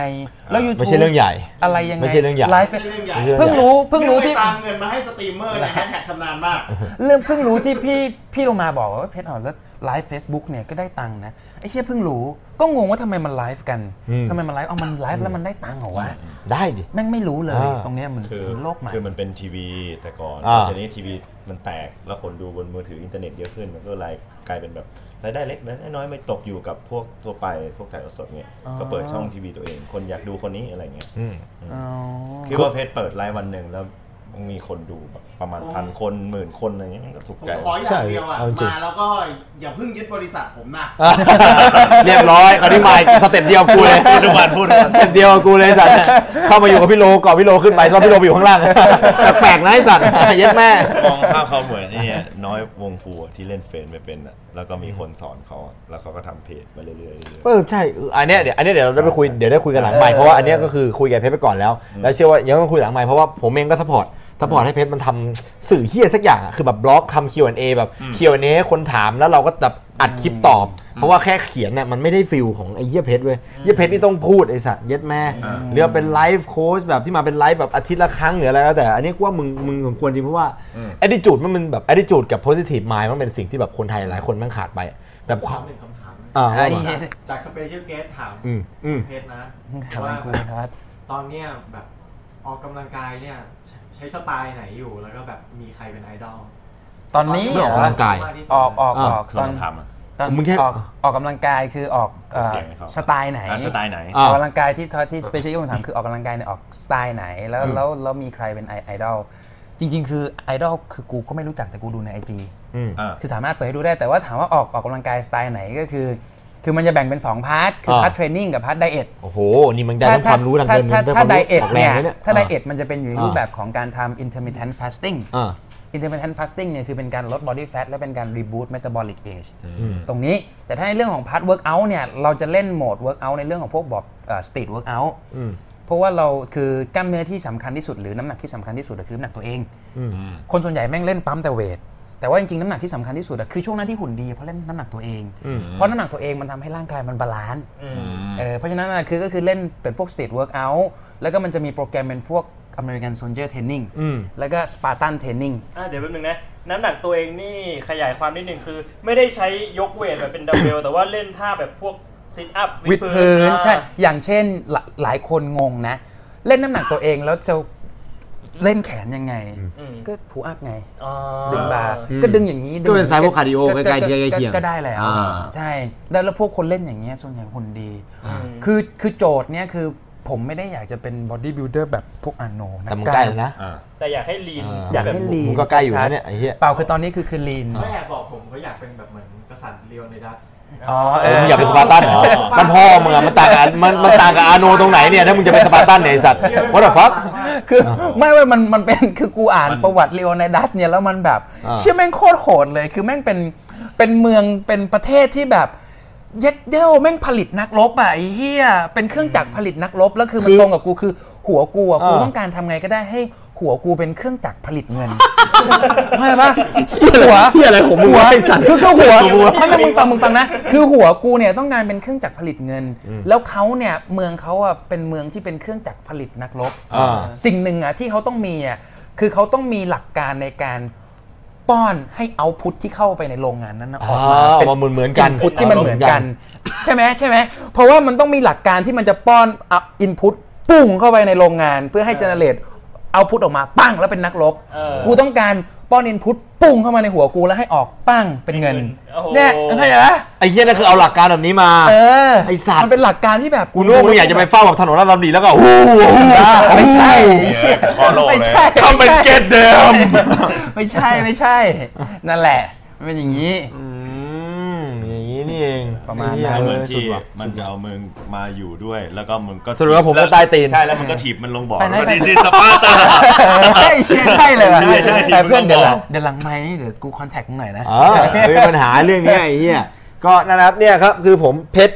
Speaker 4: แล้ว YouTube
Speaker 1: ไม่ใช่เรื่องใหญ่
Speaker 4: อะไรยังไง
Speaker 1: ไม่ใช่เรื่องใหญ่
Speaker 4: ไลฟ์
Speaker 7: ไม่ใช่เรื่องใหญ่
Speaker 4: เพิ่งรู้เพิ่งรู้ที่
Speaker 7: นี่ยไปตามเงินมาให้สตรีมเมอร์เนี่ยแฮชแท็กชำนาญมาก
Speaker 4: เรื่องเพิ่งรู้ที่พี่พี่โลมาบอกว่าเพชรอ่อนแล้วไลฟ์เฟซบุ๊กเนี่ยก็ได้ตังค์นะไอ้เชี่ยเพิ่งรู้ก็งงว่าทำไมมันไลฟ์กัน
Speaker 1: อืม
Speaker 4: ทำไมมันไลฟ์เอามันไลฟ์แล้วมันได้ตังค์เหรอวะ
Speaker 1: ได้ดิ
Speaker 4: แม่งไม่รู้เลย
Speaker 1: อ่า
Speaker 4: ตรงเนี้ยมัน
Speaker 5: คือ
Speaker 4: มันโลกใหม่
Speaker 5: คือมันเป็นทีวีแต่ก่อน
Speaker 1: อ่า
Speaker 5: ทีนี้ทีวีมันแตกแล้วคนดูบนมือถืออินเทอร์เน็ตเยอะขึ้นมันก็เลยกลายเป็นแบบรายได้เล็กรายได้น้อยไม่ตกอยู่กับพวกทั่วไปพวกถ่ายทอดสดเนี่ย
Speaker 4: อ๋อ
Speaker 5: ก็เปิดช่องทีวีตัวเอง คนอยากดูคนนี้อะไรเงี้ย
Speaker 1: อืม
Speaker 4: อ๋อ
Speaker 5: คือว่าเพจเปิดรายวันหนึ่งแล้วมีคนดูแบบประมาณ
Speaker 7: โอ้
Speaker 5: พันคนหมื่นคนอะไรเงี้ยมันก็ถูก
Speaker 7: ผม
Speaker 5: ใจ
Speaker 7: ขออย่างเดียวอ่ะ
Speaker 1: ใช่เอาจริง
Speaker 7: มาแล้วก็อย่าเพิ่งยึดบริษัทผมนะ
Speaker 1: เรียบร้อยคราวนี้มาสเต็ปเดียวกูเลย
Speaker 5: พูด ทุกวันพูดทุกวัน
Speaker 1: สเต็ปเดียวกูเลยสัตว์เข้ามาอยู่กับพี่โลก่อนพี่โลขึ้นไปแล้วพี่โลไปอยู่ข้างล่ างแปลกๆนะไอ้สัตว์ เย็ดแม่
Speaker 5: มองภาพเขาเหมือนเนี่ยน้อยวงฟูอะที่เล่นเฟนไม่เป็นอะแล้วก็มีคนสอนเขาอะแล้วเขาก็ทำเพจมาเรื่อยๆเรื่อยๆ
Speaker 1: เออใช่เอออันเนี้ยเดี๋ยวอันเนี้ยเดี๋ยวเราไปคุยเดี๋ยวได้คุยกันหลังใหม่เพราะว่าอันเนี้ยก็คือคุยกับเพชรไปก่อนแล้ว แล้วเชื่อว่ายังต้องคุยหลังใหม่เพราะว่าผมเองก็สปอร์ตสปอร์ตให้เพชรมันทำสื่อเฮี้ยสักอย่างอะคือแบบบล็อกทำ Q&A แบบ Q&A ให้คนถามแล้วเราก็แบบอัดคลิปตอบ เพราะว่าแค่เขียนน่ะมันไม่ได้ฟิลของไอ้เหี้ยเพชรเว้ยเหี้ยเพชรนี่ต้องพูดไอ้สัตว์เย็ดแม่หรือว่าเป็นไลฟ์โค้ชแบบที่มาเป็นไลฟ์แบบอาทิตย์ละครั้งหรืออะไรก็แต่อันนี้กูว่ามึงมึงสมควรจริงเพราะว่า attitude มันเป็นแบบ attitude กับ positive mind มันเป็นสิ่งที่แบบคนไทยหลายคนแมันขาดไปแบบความ
Speaker 7: หนึ่งคำถามนะ
Speaker 1: อ่า
Speaker 4: ไอ้
Speaker 1: ว่ามา
Speaker 4: เหี้ย
Speaker 7: จากสเปเชียลเกสถาม
Speaker 1: อืมอืม
Speaker 7: เพชรนะ
Speaker 4: มึงถามอะไรกูนะครับ
Speaker 7: ตอนเนี้ยแบบออกกำลังกายเนี่ยใช้ใช้สไตล์ไหนอยู่แล้วก็แบบมีใครเป็นไอดอล
Speaker 4: ตอนนี้เหร
Speaker 1: เรื่อง
Speaker 4: อ
Speaker 1: ของร่างกาย
Speaker 7: มที่สุด
Speaker 4: ออกออก
Speaker 1: อ่า
Speaker 4: ออก
Speaker 5: ล
Speaker 4: ต
Speaker 5: อ
Speaker 4: อง น
Speaker 5: ทำอะ
Speaker 4: ตอน
Speaker 1: มึงแค่
Speaker 4: ออกออกกำลังกายคือออกเอ่อ
Speaker 5: เสียงไหนครับ
Speaker 4: สไตล์ไหน
Speaker 5: อ่ะสไตล์ไหน
Speaker 4: ออกกำลังกายที่ทที่สเปเชียลที่ผมถามคือออกกำลังกายเนี่ยออกสไตล์ไหน แล้วแล้วแล้วมีใครเป็นไอไอดอลจริง ๆ คือไอดอลคือกูก็ไม่รู้จักแต่กูดูในไอจี
Speaker 1: อืม
Speaker 5: อ่า
Speaker 4: คือสามารถเปิดให้ดูได้แต่ว่าถามว่าออกออกกำลังกายสไตล์ไหนก็คือ คือมันจะแบ่งเป็น 2 พาร์ท คืออา พาร์ทเทรนนิ่งกับพาร์ทไดเอท
Speaker 1: โอ้โห นี่มันได้ทั้งความรู้ทาง
Speaker 4: ถ้า
Speaker 1: เดินด้ค
Speaker 4: ถ้าถ้า
Speaker 1: วาม
Speaker 4: ได
Speaker 1: รู้
Speaker 4: เอท
Speaker 1: ออกแร
Speaker 4: เนี่
Speaker 1: ง
Speaker 4: ย
Speaker 1: ลเนี่ย
Speaker 4: ถ้าไดเอ
Speaker 1: อ่
Speaker 4: ทมันจะเป็นอยู่ใน
Speaker 1: อ่ารู
Speaker 4: รูปแบบของการทำ intermittent fasting
Speaker 1: าอ่า
Speaker 4: intermittent fasting เนี่ยคือเป็นการลด body fat และเป็นการ reboot metabolic age
Speaker 1: อืม
Speaker 4: ตรงนี้แต่ถ้าในเรื่องของพาร์ทเวิร์กอัลเนี่ยเราจะเล่นโหมดเวิร์กอัลในเรื่องของพวกบอกสตรีทเวิร์กอัล
Speaker 1: อืม
Speaker 4: เพราะว่าเราคือกล้ามเนื้อที่สำคัญที่สุดหรือน้ำหนักที่สำคัญที่สุดอะคือน้ำหนักตัวเอง
Speaker 1: อืม
Speaker 4: คนส่วนใหญ่แม่งเล่นปั๊มแต่เวท แต่ว่าจริงๆน้ำหนักที่สำคัญที่สุดอะคือช่วงนั้นที่หุ่นดีเพราะเล่นน้ำหนักตัวเอง
Speaker 1: อืม
Speaker 4: เพราะน้ำหนักตัวเองมันทำให้ร่างกายมันบาลานซ์เออเพราะฉะนั้นอะคือก็คือเล่นเป็นพวกสตรีทเวิร์กอัลแล้วก็มันจะมีโปรแกรมเป็นพวกอเมริกันโซนเจอร์เทรนนิ่ง
Speaker 1: อืม
Speaker 4: แล้วก็สปาร์ตันเทรนนิ่ง
Speaker 2: อ่ะเดี๋ยวแป๊บนึงนะ น้ำหนักตัวเองนี่ขยายความนิดหนึ่งคือ ไม่ได้ใช้ยกเวทแบบเป็นดัมเบล แต่ว่าเล่นท่าแบบพวกซิทอัพ
Speaker 4: วิดพื้น
Speaker 2: อ่า
Speaker 4: ใช่ อย่างเช่นหลาหลายคนงงนะ เล่นน้ำหนักตัวเองแล้วจะเล่นแขนยังไง
Speaker 2: อืม
Speaker 4: ก็ผูอัพไง
Speaker 2: อ่า
Speaker 4: ดึงบาร์
Speaker 1: อืม
Speaker 4: ก็ดึงอย่างนี้ดึง
Speaker 1: ก็เป็นสายพวกคาร์ดิโอ
Speaker 4: ก็
Speaker 1: ใกล้ๆเคียง
Speaker 4: ก็
Speaker 1: ใกล้เคียง
Speaker 4: ก็ได้แล้ว
Speaker 1: อ่า
Speaker 4: ใช่ แล้วแล้วพวกคนเล่นอย่างเงี้ยส่วนใหญ่หุ่นดี คือคือโจทย์เนี้ยคือผมไม่ได้อยากจะเป็นบอดี้บิวเดอร์แบบพวกอาโนนะ
Speaker 1: แต่มึงใกล้แล้วนะ
Speaker 5: อ่า
Speaker 2: แต่อยากให้ลีน
Speaker 4: อยากให้ลี
Speaker 1: มึงก็ใกล้อยู่นะเนี่ยไอ้เหี้ย
Speaker 4: เปล่าคือตอนนี้คือคือลีน
Speaker 7: แม่บอกผมก็อยากเป็นแบบเหมือนกษัตริย์เรียวในดัส
Speaker 4: อ๋อ
Speaker 1: เอ
Speaker 4: เอ
Speaker 1: อ
Speaker 4: อ
Speaker 1: มึง
Speaker 4: อ
Speaker 1: อยากเป็นสปาร์ตันเหรอ มันพ่อมึงอะมันต่างกันมันมันต่างกับอาโนตรงไหนเนี่ย ถ้ามึงจะเป็นสปาร์ตันเนี่ยไอ้สัตว์ what the fuck
Speaker 4: คือไม่เว้ยมันมันเป็นคือกูอ่านประวัติเลโอไนดัสเนี่ยแล้วมันแบบ
Speaker 1: อ่า
Speaker 4: เชื่อแม่งโคตรโหดเลย คือแม่งเป็นเป็นเมืองเป็นประเทศที่แบบเย็ดเด้วแม่งผลิตนักรบอ่ะไอ้เหี้ยเป็นเครื่องจักรผลิตนักรบแล้วคือมันตรงกับกูคือหัวกูอ่ะกูต้องการทำไงก็ได้ให้หัวกูเป็นเครื่องจักรผลิต เงินไม่ปะหัว
Speaker 1: เหี้ยอะไรของมึง
Speaker 4: หัว
Speaker 1: วะไอ้สัตว์
Speaker 4: คือคือหัว
Speaker 1: หัว
Speaker 4: ไม่ไม่มึงฟังมึงฟังนะ คือหัวกูเนี่ยต้องการเป็นเครื่องจักรผลิตเงิน แล้วเขาเนี่ยเมืองเขาอ่ะเป็นเมืองที่เป็นเครื่องจักรผลิตนักรบ
Speaker 1: อ่า
Speaker 4: สิ่งหนึ่งอ่ะที่เขาต้องมีอ่ะคือเขาต้องมีหลักการในการป้อนให้เอาพุทที่เข้าไปในโรงงานนั้นนะออกมา
Speaker 1: อ่า
Speaker 4: เป็น
Speaker 1: ว่าเหมือนๆกัน
Speaker 4: พุทที่มันเหมือนกัน
Speaker 1: เหมื
Speaker 4: ใช่ไหมใช่ไหมเพราะว่ามันต้องมีหลักการที่มันจะป้อนเอาอินพุตปุ้งเข้าไปในโรงงาน เพื่อให้เจเนเรตเอาพุทออกมาปั้งแล้วเป็นนักรบ
Speaker 2: เออ
Speaker 4: กูต้องการป้อนอินพุตปุ้งเข้ามาในหัวกูแล้วให้ออกปั้งเป็นเงิน
Speaker 2: เป็นเงินโอ้โห
Speaker 4: เนี่ยเข้าใจไหม
Speaker 1: ไอ้เหี้ยนั่นคือเอาหลักการแบบนี้มา
Speaker 4: เออ
Speaker 1: ไอ้สัตว์
Speaker 4: มันเป็นหลักการที่แบบ
Speaker 1: กูนึกว่ามึงอยากจะไปเฝ้าแบบถนนราชดำเนินแล้วก็อู้หู้
Speaker 4: ไม่ใช่
Speaker 18: ขอโลกเลย
Speaker 4: ไม่ใช่
Speaker 1: ทำเป็นเกตเดิม
Speaker 4: ไม่ใช่ไม่ใช่ นั่นแหละ มันเป็นอย่างนี้
Speaker 1: อืมอย่างนี้นี่เอง
Speaker 4: ประมาณนั้น
Speaker 1: ไอ้เหี้ย
Speaker 5: เหมือน
Speaker 1: สุด
Speaker 5: ที่
Speaker 1: ว่ะ
Speaker 5: มันจะเอามึงมาอยู่ด้วย แล้วก็มึงก็
Speaker 1: สรุปว่าผมก็
Speaker 5: แล้
Speaker 1: ใต้ตีน
Speaker 5: ใช่แล้วมึงก็ถีบมันลงบ่อ
Speaker 4: ไปไหน
Speaker 5: แล้วก็
Speaker 4: ไป
Speaker 5: ดีซีสปาร์ตา
Speaker 4: ใช่ใช่เลยว่ะ
Speaker 5: ใช่ใช่
Speaker 4: แต่เพื่อน
Speaker 5: ที่
Speaker 4: เดี๋ยว
Speaker 5: มึงบ
Speaker 4: ห
Speaker 5: อ
Speaker 4: ลั
Speaker 5: ง ก
Speaker 4: เดี๋ยวหลังไม้นี่เดี๋ยวกูคอนแทคมึงหน่อยนะ
Speaker 1: เออไม่มีปัญหาเรื่องเนี้ยไอ้เหี้ยก็นะครับเนี่ยครับคือผมเพชร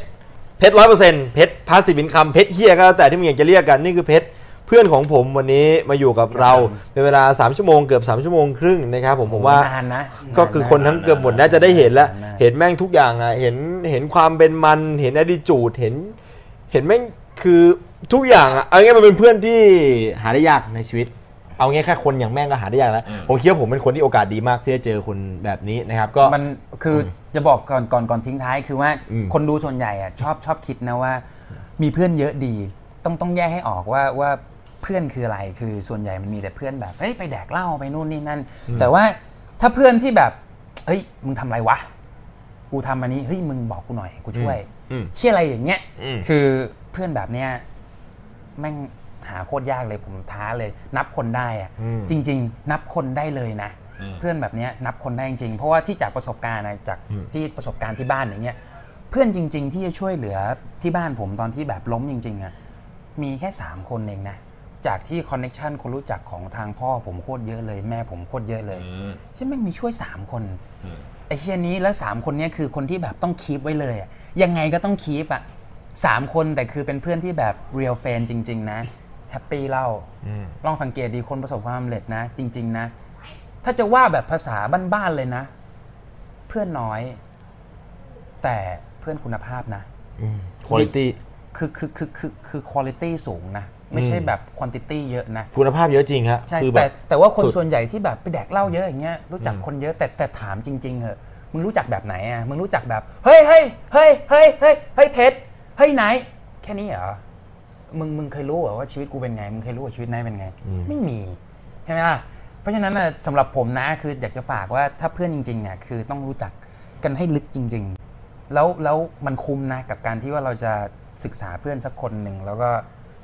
Speaker 1: เพชรร้อยเปอร์เซ็นต์เพชรพาสซีฟินคัมเพชรเฮียก็แล้วแต่ที่มึงอยากจะเรียกกันนี่คือเพชรเพื่อนของผมวันนี้มาอยู่กับเราเป็นเวลา 3 ชั่วโมงเกือบ 3 ชั่วโมงครึ่งนะครับผมผมว่า
Speaker 4: นานนะ
Speaker 1: ก็คือคนทั้งเกือบหมดน่าจะได้เห็นแล้ว เห็นแม่งทุกอย่างอ่ะ เห็นเห็นความเป็นมัน เห็นอดิจูดเห็น เห็นแม่งคือทุกอย่างอ่ะ เอาง่ายๆมันเป็นเพื่อนที่หาได้ยากในชีวิต เอาง่ายๆแค่คนอย่างแม่งก็หาได้ยากแล้ว ผมคิดว่าผมเป็นคนที่โอกาสดีมากที่จะเจอคนแบบนี้นะครับ ก็
Speaker 4: มันคือจะบอกก่อนก่อนก่อนทิ้งท้ายคือว่า
Speaker 1: อืม
Speaker 4: คนดูส่วนใหญ่อะชอบชอบคิดนะว่า มีเพื่อนเยอะดี ต้องต้องแยกให้ออกว่าว่าเพื่อนคืออะไรคือส่วนใหญ่มันมีแต่เพื่อนแบบเฮ้ยไปแดกเหล้าไปนู่นนี่นั่น แต่ว่าถ้าเพื่อนที่แบบเฮ้ยมึงทำอะไรวะ กูทำอันนี้เฮ้ยมึงบอกกูหน่อยกูช่วย
Speaker 1: อืม
Speaker 4: เชี่ยอะไรอย่างเงี้ย
Speaker 1: อืม
Speaker 4: คือเพื่อนแบบเนี้ยแม่งหาโคตรยากเลยผมท้าเลย นับคนได้อะ
Speaker 1: อืม
Speaker 4: จริง ๆ นับคนได้เลยนะ เพื่อนแบบเนี้ยนับคนได้จริงๆ เพราะว่าที่จากประสบการณ์นะจากที่ประสบการณ์ที่บ้านอย่างเงี้ยเพื่อนจริง ๆ ที่จะช่วยเหลือที่บ้านผมตอนที่แบบล้มจริงๆอะมีแค่ 3 คนเองนะ จากที่คอนเน็ชันคนรู้จักของทางพ่อผมโคตรเยอะเลย แม่ผมโคตรเยอะเลย ใช่แม่งมีช่วย 3 คนไอ้เชียนี้แล้ว 3 คนเนี้ยคือคนที่แบบต้องคีปไว้เลยอะยังไงก็ต้องคีปอะสามคนแต่คือเป็นเพื่อนที่แบบเรียลแฟนจริง ๆ นะแฮปปี้เล่าลองสังเกตดีคนประสบความสำเร็จนะ จริง ๆ นะ ถ้าจะว่าแบบภาษาบ้านๆเลยนะ เพื่อนน้อย แต่เพื่อนคุณภาพนะ
Speaker 1: คุณภาพ
Speaker 4: คือคือคือคือคือคุณภาพสูงนะ ไม่ใช่แบบคว a n t i t y เยอะนะ
Speaker 1: คุณภาพเยอะจริงฮะ
Speaker 4: ใช่
Speaker 1: คือแบ
Speaker 4: แต่
Speaker 1: บ
Speaker 4: แต่ว่าคน
Speaker 1: สุด
Speaker 4: ส่วนใหญ่ที่แบบไปแดกเหล้าเยอะอย่างเงี้ยรู้จักคนเยอะแต่แต่ถามจริง ๆเหอะมึงรู้จักแบบไหนอ่ะมึงรู้จักแบบเฮ้ยเฮ้ยเฮ้ยเฮ้ยเฮ้ยเฮ้ยเพชรเฮ้ยไหนแค่นี้เหรอมึงมึงเคยรู้เหรอว่าชีวิตกูเป็นไงมึงเคยรู้ว่าชีวิตนายเป็นไง ไม่มีใช่ไหมล่ะเพราะฉะนั้นน่ะสำหรับผมนะคืออยากจะฝากว่าถ้าเพื่อนจริงๆอ่ะคือต้องรู้จักกันให้ลึกจริง ๆ แล้วแล้วมันคุ้มนะกับการที่ว่าเราจะศึกษาเพื่อนสักคนหนึ่งแล้วก็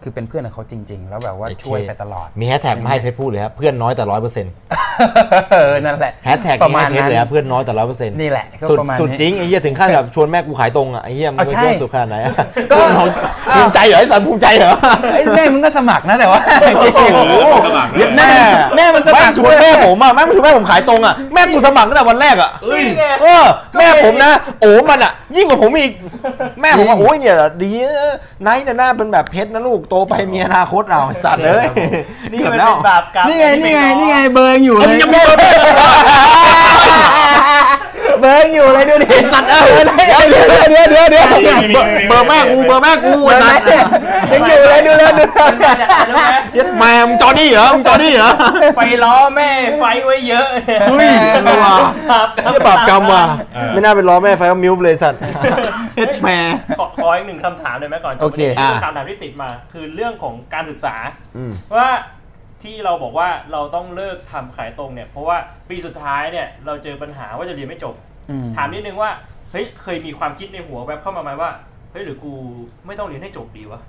Speaker 4: คือเป็นเพื่อนกับเขาจริง ๆ แล้วแบบว่า
Speaker 1: โอเค
Speaker 4: ช่วยไปตลอด
Speaker 1: มีแฮชแท็กมาให้เพชรพูดเลยครับเพื่อนน้อยแต่ร้อยเปอร์เซ็นต์
Speaker 4: เออนั่นแหละ
Speaker 1: แฮชแท็ก
Speaker 4: ประมาณ
Speaker 1: นี้ให้เพชรเล
Speaker 4: นั้น
Speaker 1: ยครับเพื่อนน้อยแต่ร้อยเปอร์เซ็นต์
Speaker 4: นี่แหละก็
Speaker 1: สุด
Speaker 4: ประมาณ
Speaker 1: สุด
Speaker 4: นี้
Speaker 1: จริงไอ้เหี้ยถึงขั้นแบบชวนแม่กูขายตรงอ่ะไอ้เหี้ยมัน
Speaker 4: เอาใช่
Speaker 1: เชื่อสุดขนาดไหนอะ
Speaker 4: ก็
Speaker 1: ภูมิใจเหรอไอ้สันภูมิใจเหรอ
Speaker 4: ไอ้ยแม่มึงก็สมัครนะแต่ว่า
Speaker 5: สมัครเลย
Speaker 1: แม่แม่มันสมัครชวนแม่ผมอ่ะแม่มันชวนแม่ผมขายตรงอ่ะแม่กูสมัครตั้งแต่วันแรกอ่ะ
Speaker 2: นี่ไง
Speaker 1: เออแม่ผมนะ โอ้มันอ่ะ ยิ่งกว่าผมอีก แม่ผมว่า โอ้ยเนี่ยดีนะไนท์เนี่ยหน้าเป็นแบบเพชรนะลูกโตไปมีอนาคตเอาไอ้สัตว์เลย
Speaker 2: นี่
Speaker 1: เกือบ
Speaker 2: มัน
Speaker 1: แล้ว
Speaker 2: เป็
Speaker 1: น
Speaker 2: บาปกรรม
Speaker 19: นี่ไงนี่ไงนี่ไงเบอร์ยังอยู่เลย
Speaker 1: เบอร์ยังอยู่เลยดูดิสัตว์เออเดี๋ยวเดี๋ยวเดี๋ยวเดี๋ยวเดี๋ยวเบอร์แม่กูเบอร์แม่กูไอ้สัตว์ยังอยู่เลยดูเลยดู
Speaker 2: มันมาจากอะไรรู้ไหม
Speaker 1: ยัดแม่มึงจอนี่เหรอมึงจอนี่เหรอ
Speaker 2: ไปล้อแม่ไฟไว้เยอะเนี่ย
Speaker 1: เฮ้ยอะไรวะ
Speaker 2: บาปกรรม
Speaker 1: เหี้ยบาปกรรมว่ะไม่น่าเป็นล้อแม่ไฟก็มิวเลยสัตว์เฮ็ดแม่
Speaker 2: ขอข ออีกหนึ่งคำถามเลยไหมก่อน
Speaker 4: โอเค
Speaker 2: จะป็น
Speaker 1: อ่า
Speaker 2: คำถามที่ติดมา คือเรื่องของการศึกษา
Speaker 1: อืม
Speaker 2: ว่าที่เราบอกว่าเราต้องเลิกทำขายตรงเนี่ย เพราะว่าปีสุดท้ายเนี่ยเราเจอปัญหาว่าจะเรียนไม่จบ
Speaker 4: อืม
Speaker 2: ถามนิดนึงว่าเฮ้ยเคยมีความคิดในหัวแวบเข้ามาไหมว่าเฮ้ยหรือกูไม่ต้องเรียนให้จบดีวะ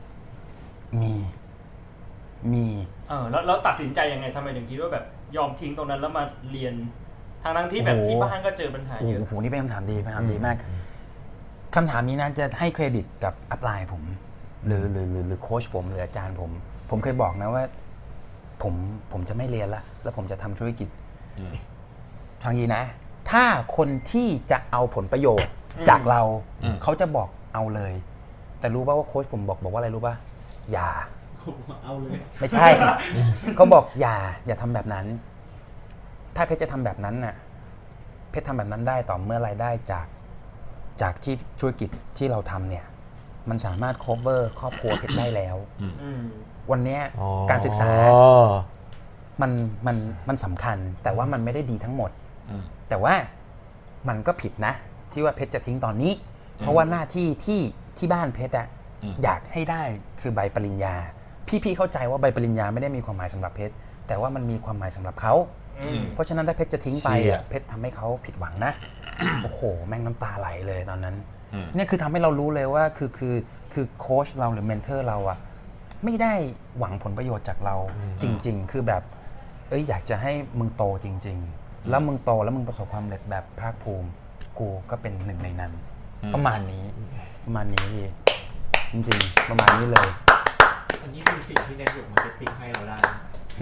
Speaker 4: มี มี
Speaker 2: เออแล้วแล้วตัดสินใจยังไงทำไมถึงคิดว่าแบบยอมทิ้งตรงนั้นแล้วมาเรียนทางทั้งๆที่แบบ
Speaker 4: โอ้โห
Speaker 2: ที่บ้านก็เจอปัญหา
Speaker 4: โอ้
Speaker 2: เยอะ
Speaker 4: โห นี่เป็นคำถามดีเป็นคำถามดีมาก คำถามนี้นะจะให้เครดิตกับอัปไลน์ผม หรือหรือหรือหรือโค้ชผมหรืออาจารย์ผม ผมเคยบอกนะว่า ผมผมจะไม่เรียนละ แล้วผมจะทำธุรกิจฟังดีนะ ถ้าคนที่จะเอาผลประโยชน์จากเรา เขาจะบอกเอาเลย แต่รู้ป่าว่าโค้ชผมบอกบอกว่าอะไรรู้ป่ะอย่า
Speaker 7: เอาเลย
Speaker 4: ไม่ใช่ เขาบอกอย่า อย่าทำแบบนั้น ถ้าเพชรจะทำแบบนั้นน่ะ เพชรทำแบบนั้นได้ต่อเมื่อรายได้จากจากที่ธุรกิจที่เราทำเนี่ย มันสามารถ cover ครอบครัวเพชรได้แล้ว
Speaker 2: อืม
Speaker 4: วันเนี้ยการศึกษา มันมันมันสำคัญ แต่ว่ามันไม่ได้ดีทั้งหมด
Speaker 5: อืม
Speaker 4: แต่ว่ามันก็ผิดนะ ที่ว่าเพชรจะทิ้งตอนนี้ เพราะว่าหน้าที่ที่ที่บ้านเพชรอะอยากให้ได้คือใบปริญญา พี่ๆเข้าใจว่าใบปริญญาไม่ได้มีความหมายสำหรับเพชรแต่ว่ามันมีความหมายสำหรับเขา
Speaker 2: อืม
Speaker 4: เพราะฉะนั้นถ้าเพชรจะทิ้งไป
Speaker 1: เชี่ย
Speaker 4: อะเพชรทำให้เขาผิดหวังนะ โอ้โห แม่งน้ำตาไหลเลยตอนนั้นเนี่ยคือทำให้เรารู้เลยว่าคือคือคือโค้ชเราหรือเมนเทอร์เราอะไม่ได้หวังผลประโยชน์จากเราจริง ๆ คือแบบ เอ้ยอยากจะให้มึงโตจริง ๆ แล้วมึงโตแล้วมึงประสบความสำเร็จแบบภาคภูมิ กูก็เป็นหนึ่งในนั้น ประมาณนี้ ประมาณนี้พี่จริงๆ ประมาณนี้เลย
Speaker 7: อันนี้คือสิ่งที่เน็ตเวิร์กมาร์เก็ตติ้งให้เราได้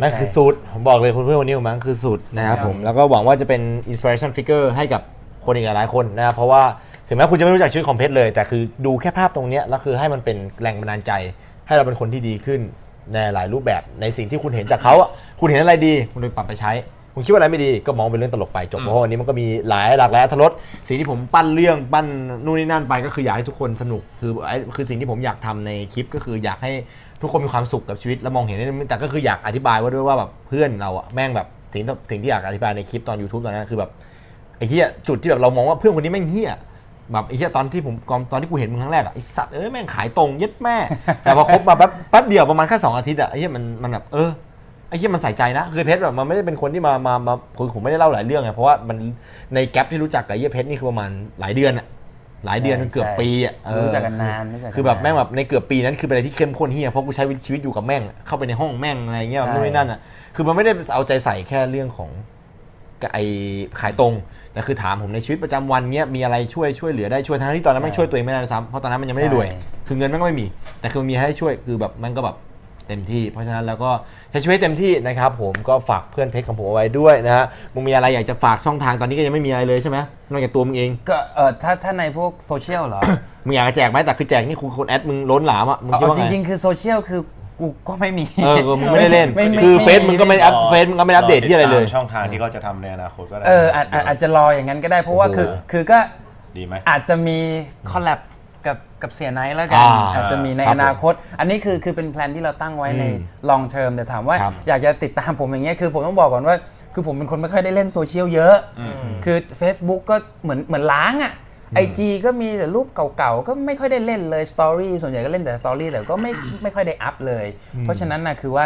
Speaker 1: นั่นคือ
Speaker 4: ใช่
Speaker 1: สูตร ผมบอกเลยคุณเพื่อนวันนี้ผมมันคือสูตรนะครับ
Speaker 4: ครับ
Speaker 1: ผม แล้วก็หวังว่าจะเป็น inspiration figure ให้กับคนอีกหลายๆคนนะครับ เพราะว่าถึงแม้คุณจะไม่รู้จักชีวิตของเพชรเลย แต่คือดูแค่ภาพตรงเนี้ยแล้วคือให้มันเป็นแรงบันดาลใจ ให้เราเป็นคนที่ดีขึ้นในหลายรูปแบบ ในสิ่งที่คุณเห็นจากเขาอะคุณเห็นอะไรดี คุณไปปรับไปใช้ คุณคิดว่าอะไรไม่ดีก็มองเป็นเรื่องตลกไปจบ เพราะว่าวันนี้มันก็มีหลายหลากหลายอรรถรสสิ่งที่ผมปั้นเรื่องปั้นนู่นนี่นั่นไปก็คืออยากให้ทุกคนสนุก คือไอ้คือสิ่งที่ผมอยากทำในคลิปก็คืออยากให้ทุกคนมีความสุขกับชีวิตและมองเห็นได้แต่ก็คืออยากอธิบายไว่าด้วยว่าแบบเพื่อนเราอะแม่งแบบถึงถึงที่อยากอธิบายในคลิปตอน YouTube ตอนนั้นคือแบบไอ้เหี้ยจุดที่แบบเรามองว่าเพื่อนคนนี้แม่งเหี้ยแบบไอ้เหี้ยตอนที่ผมตอนที่กูเห็นมึงครั้งแรกอะไอ้สัตว์เอ้ยแม่งขายตรงเย็ดแม่ แต่พอคบมาแป๊บแป๊บเดียวประมาณแค่สองอาทิตย์อะไอ้เหี้ยมันมันแบบเออ ไอ้ที่มันใส่ใจนะคือเพชรแบบมันไม่ได้เป็นคนที่มามามาคือผมไม่ได้เล่าหลายเรื่องไงเพราะว่ามันในแก๊ปที่รู้จักกับไอ้เหี้ยเพชรนี่คือประมาณหลายเดือนอะหลายเดือน
Speaker 4: ใช่
Speaker 1: เกือบ
Speaker 4: ใช่
Speaker 1: ปีอะเออ
Speaker 4: รู้จักกันนานรู้จักกัน
Speaker 1: คือแบบ
Speaker 4: นาน
Speaker 1: แม่งแบบในเกือบปีนั้นคือเป็นอะไรที่เข้มข้นเฮียเพราะกูใช้ชีวิตอยู่กับแม่งเข้าไปในห้องแม่งอะไรเงี้ย
Speaker 4: ใช่
Speaker 1: นู่นนี่นั่นอะคือมันไม่ได้เอาใจใส่แค่เรื่องของไอขายตรงแต่คือถามผมในชีวิตประจำวันเนี้ยมีอะไรช่วยช่วยเหลือได้ช่วยทั้งที่ตอนนั้นแม่งช่วยตัวเองไม่ได้ด้วยซ้ำเพราะตอนนั้นมันยังไม่ได้รวย
Speaker 4: ใช่
Speaker 1: คือเงินมันก็ไม่มี แต่คือมีให้ช่วยคือแบบมันก็แบบเต็มที่ เพราะฉะนั้นแล้วก็ใช้ชีวิตให้เต็มที่นะครับผมก็ฝากเพื่อนเพชรของผมเอาไว้ด้วยนะฮะมึงมีอะไรอยากจะฝากช่องทางตอนนี้ก็ยังไม่มีอะไรเลยใช่ไหมนอกจากตัวมึงเอง
Speaker 4: ก็เออถ้าถ้าในพวกโซเชียลเหรอ
Speaker 1: มึงอยากจะแจกไหมแต่คือแจกนี่คุณคนแอดมึงล้นหลามอ่ะมึงคิดว่า
Speaker 4: จ
Speaker 1: ไง
Speaker 4: ริงๆ คือโซเชียลคือกูก็ไม่มี
Speaker 1: เออมึงไม่ได้เล่น
Speaker 4: ไม่ไม่
Speaker 1: คือ
Speaker 4: ไม่
Speaker 1: เฟซมึงก็ไม่อัพเฟซมึงก็ไม่อัปเดตที่อะไรเลย
Speaker 5: ติดตามช่องทางที่เขาจะทำในอนาคตก็ได้
Speaker 4: เอออาจอาจอาจจะรออย่างนั้นก็ได้เพราะว่าคือ
Speaker 1: โอ้โห
Speaker 4: คือก็
Speaker 5: ดีไหม
Speaker 4: อาจจะมีคอลแลบกับกับเสียไนท์แล้วกัน
Speaker 1: อ่า
Speaker 4: อาจจะมีใน
Speaker 1: ครับ
Speaker 4: อนาคต อันนี้คือคือเป็นแพลนที่เราตั้งไว้ใน
Speaker 1: อืม
Speaker 4: ลองเทอมแต่ถามว่า
Speaker 1: ครับ
Speaker 4: อยากจะติดตามผมอย่างเงี้ยคือผมต้องบอกก่อนว่า คือผมเป็นคนไม่ค่อยได้เล่นโซเชียลเยอะคือ Facebook ก็เหมือนเหมือนล้างอ่ะไอจีก็มีแต่รูปเก่าๆก็ไม่ค่อยได้เล่นเลยสตอรี่ส่วนใหญ่ก็เล่นแต่สตอรี่แต่ก็ไม่ไม่ค่อยได้อัพเลย เพราะฉะนั้นนะคือว่า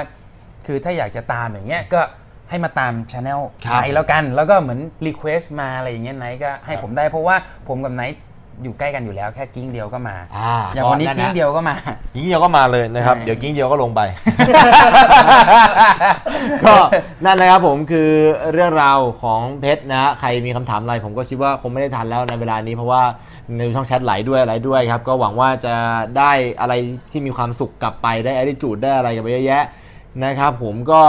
Speaker 4: คือถ้าอยากจะตามอย่างเงี้ยก็ให้มาตามช anel
Speaker 1: ครับ
Speaker 4: ไนท์แล้วกัน แล้วก็เหมือนรีเควสมาอะไรอย่างเงี้ยไนท์ก็ให้ผมได้เพราะว่าผมกับไนท์ อยู่ใกล้กันอยู่แล้วแค่กิ้งเดียวก็มา
Speaker 1: อ่า
Speaker 4: อย่างวันนี้
Speaker 1: ก็นั่นนะ
Speaker 4: กิ้งเดียวก็มา
Speaker 1: กิ้งเดียวก็มาเลยนะครับ
Speaker 4: ใช่
Speaker 1: เดี๋ยวกิ้งเดียวก็ลงไป ก็นั่นนะครับผมคือเรื่องราวของเพชรนะฮะใครมีคำถามอะไรผมก็คิดว่าคงไม่ได้ทันแล้วในเวลานี้เพราะว่าในช่องแชทไหลด้วยอะไรด้วยครับ ก็หวังว่าจะได้อะไรที่มีความสุขกลับไปได้อ t ด t u d e ได้อะไรกลับไปเยอะแยะนะครับผมก็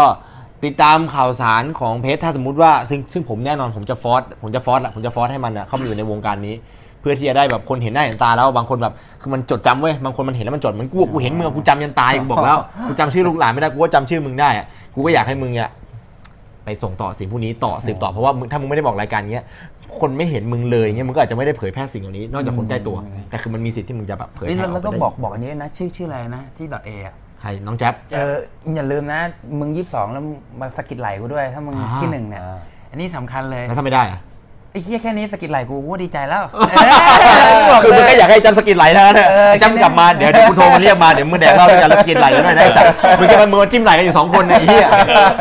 Speaker 1: ติดตามข่าวสารของเพชรถ้าสมมุติว่าซึ่งซึ่งผมแน่นอนผมจะฟอสผมจะฟอสแหละผมจะฟอสให้มันอะเข้ามาอยู่ในวงการนี้ เพื่อที่จะได้แบบคนเห็นหน้าเห็นตาแล้วบางคนแบบคือมันจดจำเว้ยบางคนมันเห็นแล้วมันจดเหมันกูอะกูเห็นมึงอะกูจำยันตายกูบอกแล้วกูจำชื่อลูกหลานไม่ได้กูก็จำชื่อมึงได้อะกูก็อยากให้มึงอะไปส่งต่อสิ่งพวกนี้ต่อสืบต่อเพราะว่ามึงถ้ามึงไม่ได้บอกรายการเงี้ยคนไม่เห็นมึงเลยเงี้ยมึงก็อาจจะไม่ได้เผยแพร่สิ่งเหล่านี้ นอกจากคนใกล้ตัว แต่คือมันมีสิทธิ์ที่มึงจะแบบเผยแพ
Speaker 4: นี่
Speaker 1: ร่ออ
Speaker 4: เรา
Speaker 1: กไป
Speaker 4: ต้อง
Speaker 1: ได้
Speaker 4: บอกบอกอันนี้นะ ชื่อชื่ออะไรนะที่ดอทเอะ
Speaker 1: ใครน้องแจ๊บ
Speaker 4: เอออย่าลืมนะ มึงยี่สิบสองแล้วมาสะกิดไหลกูด้วย ถ้ามึง
Speaker 1: อ่า
Speaker 4: ที่หนึ่งเนี่ยอันนี้สำคัญเลย
Speaker 1: แล้วถ้าไม่ได้อะ
Speaker 4: ไอ้เหี้ยแค่นี้สะกิดไหลกูกูก็ดีใจแล้ว
Speaker 1: คื
Speaker 4: คื
Speaker 1: มึ
Speaker 4: อ อ
Speaker 1: ง
Speaker 4: ก็
Speaker 1: ก็อยยา
Speaker 4: อาก
Speaker 1: กให้จำสกินไหลนะเนี่ย
Speaker 4: เออ
Speaker 1: จำกลับมาเดี๋ยวเดี๋ยวกูโทรมาเรียกมาเดี๋ยวมึงแดกเหล้าด้วยกันแล้วสกินไหลกันด้วยนะไอ้สัสมึงจะมามือจิ้มไหลกันอยู่สองคนเนี่ยไอ้เหี้ย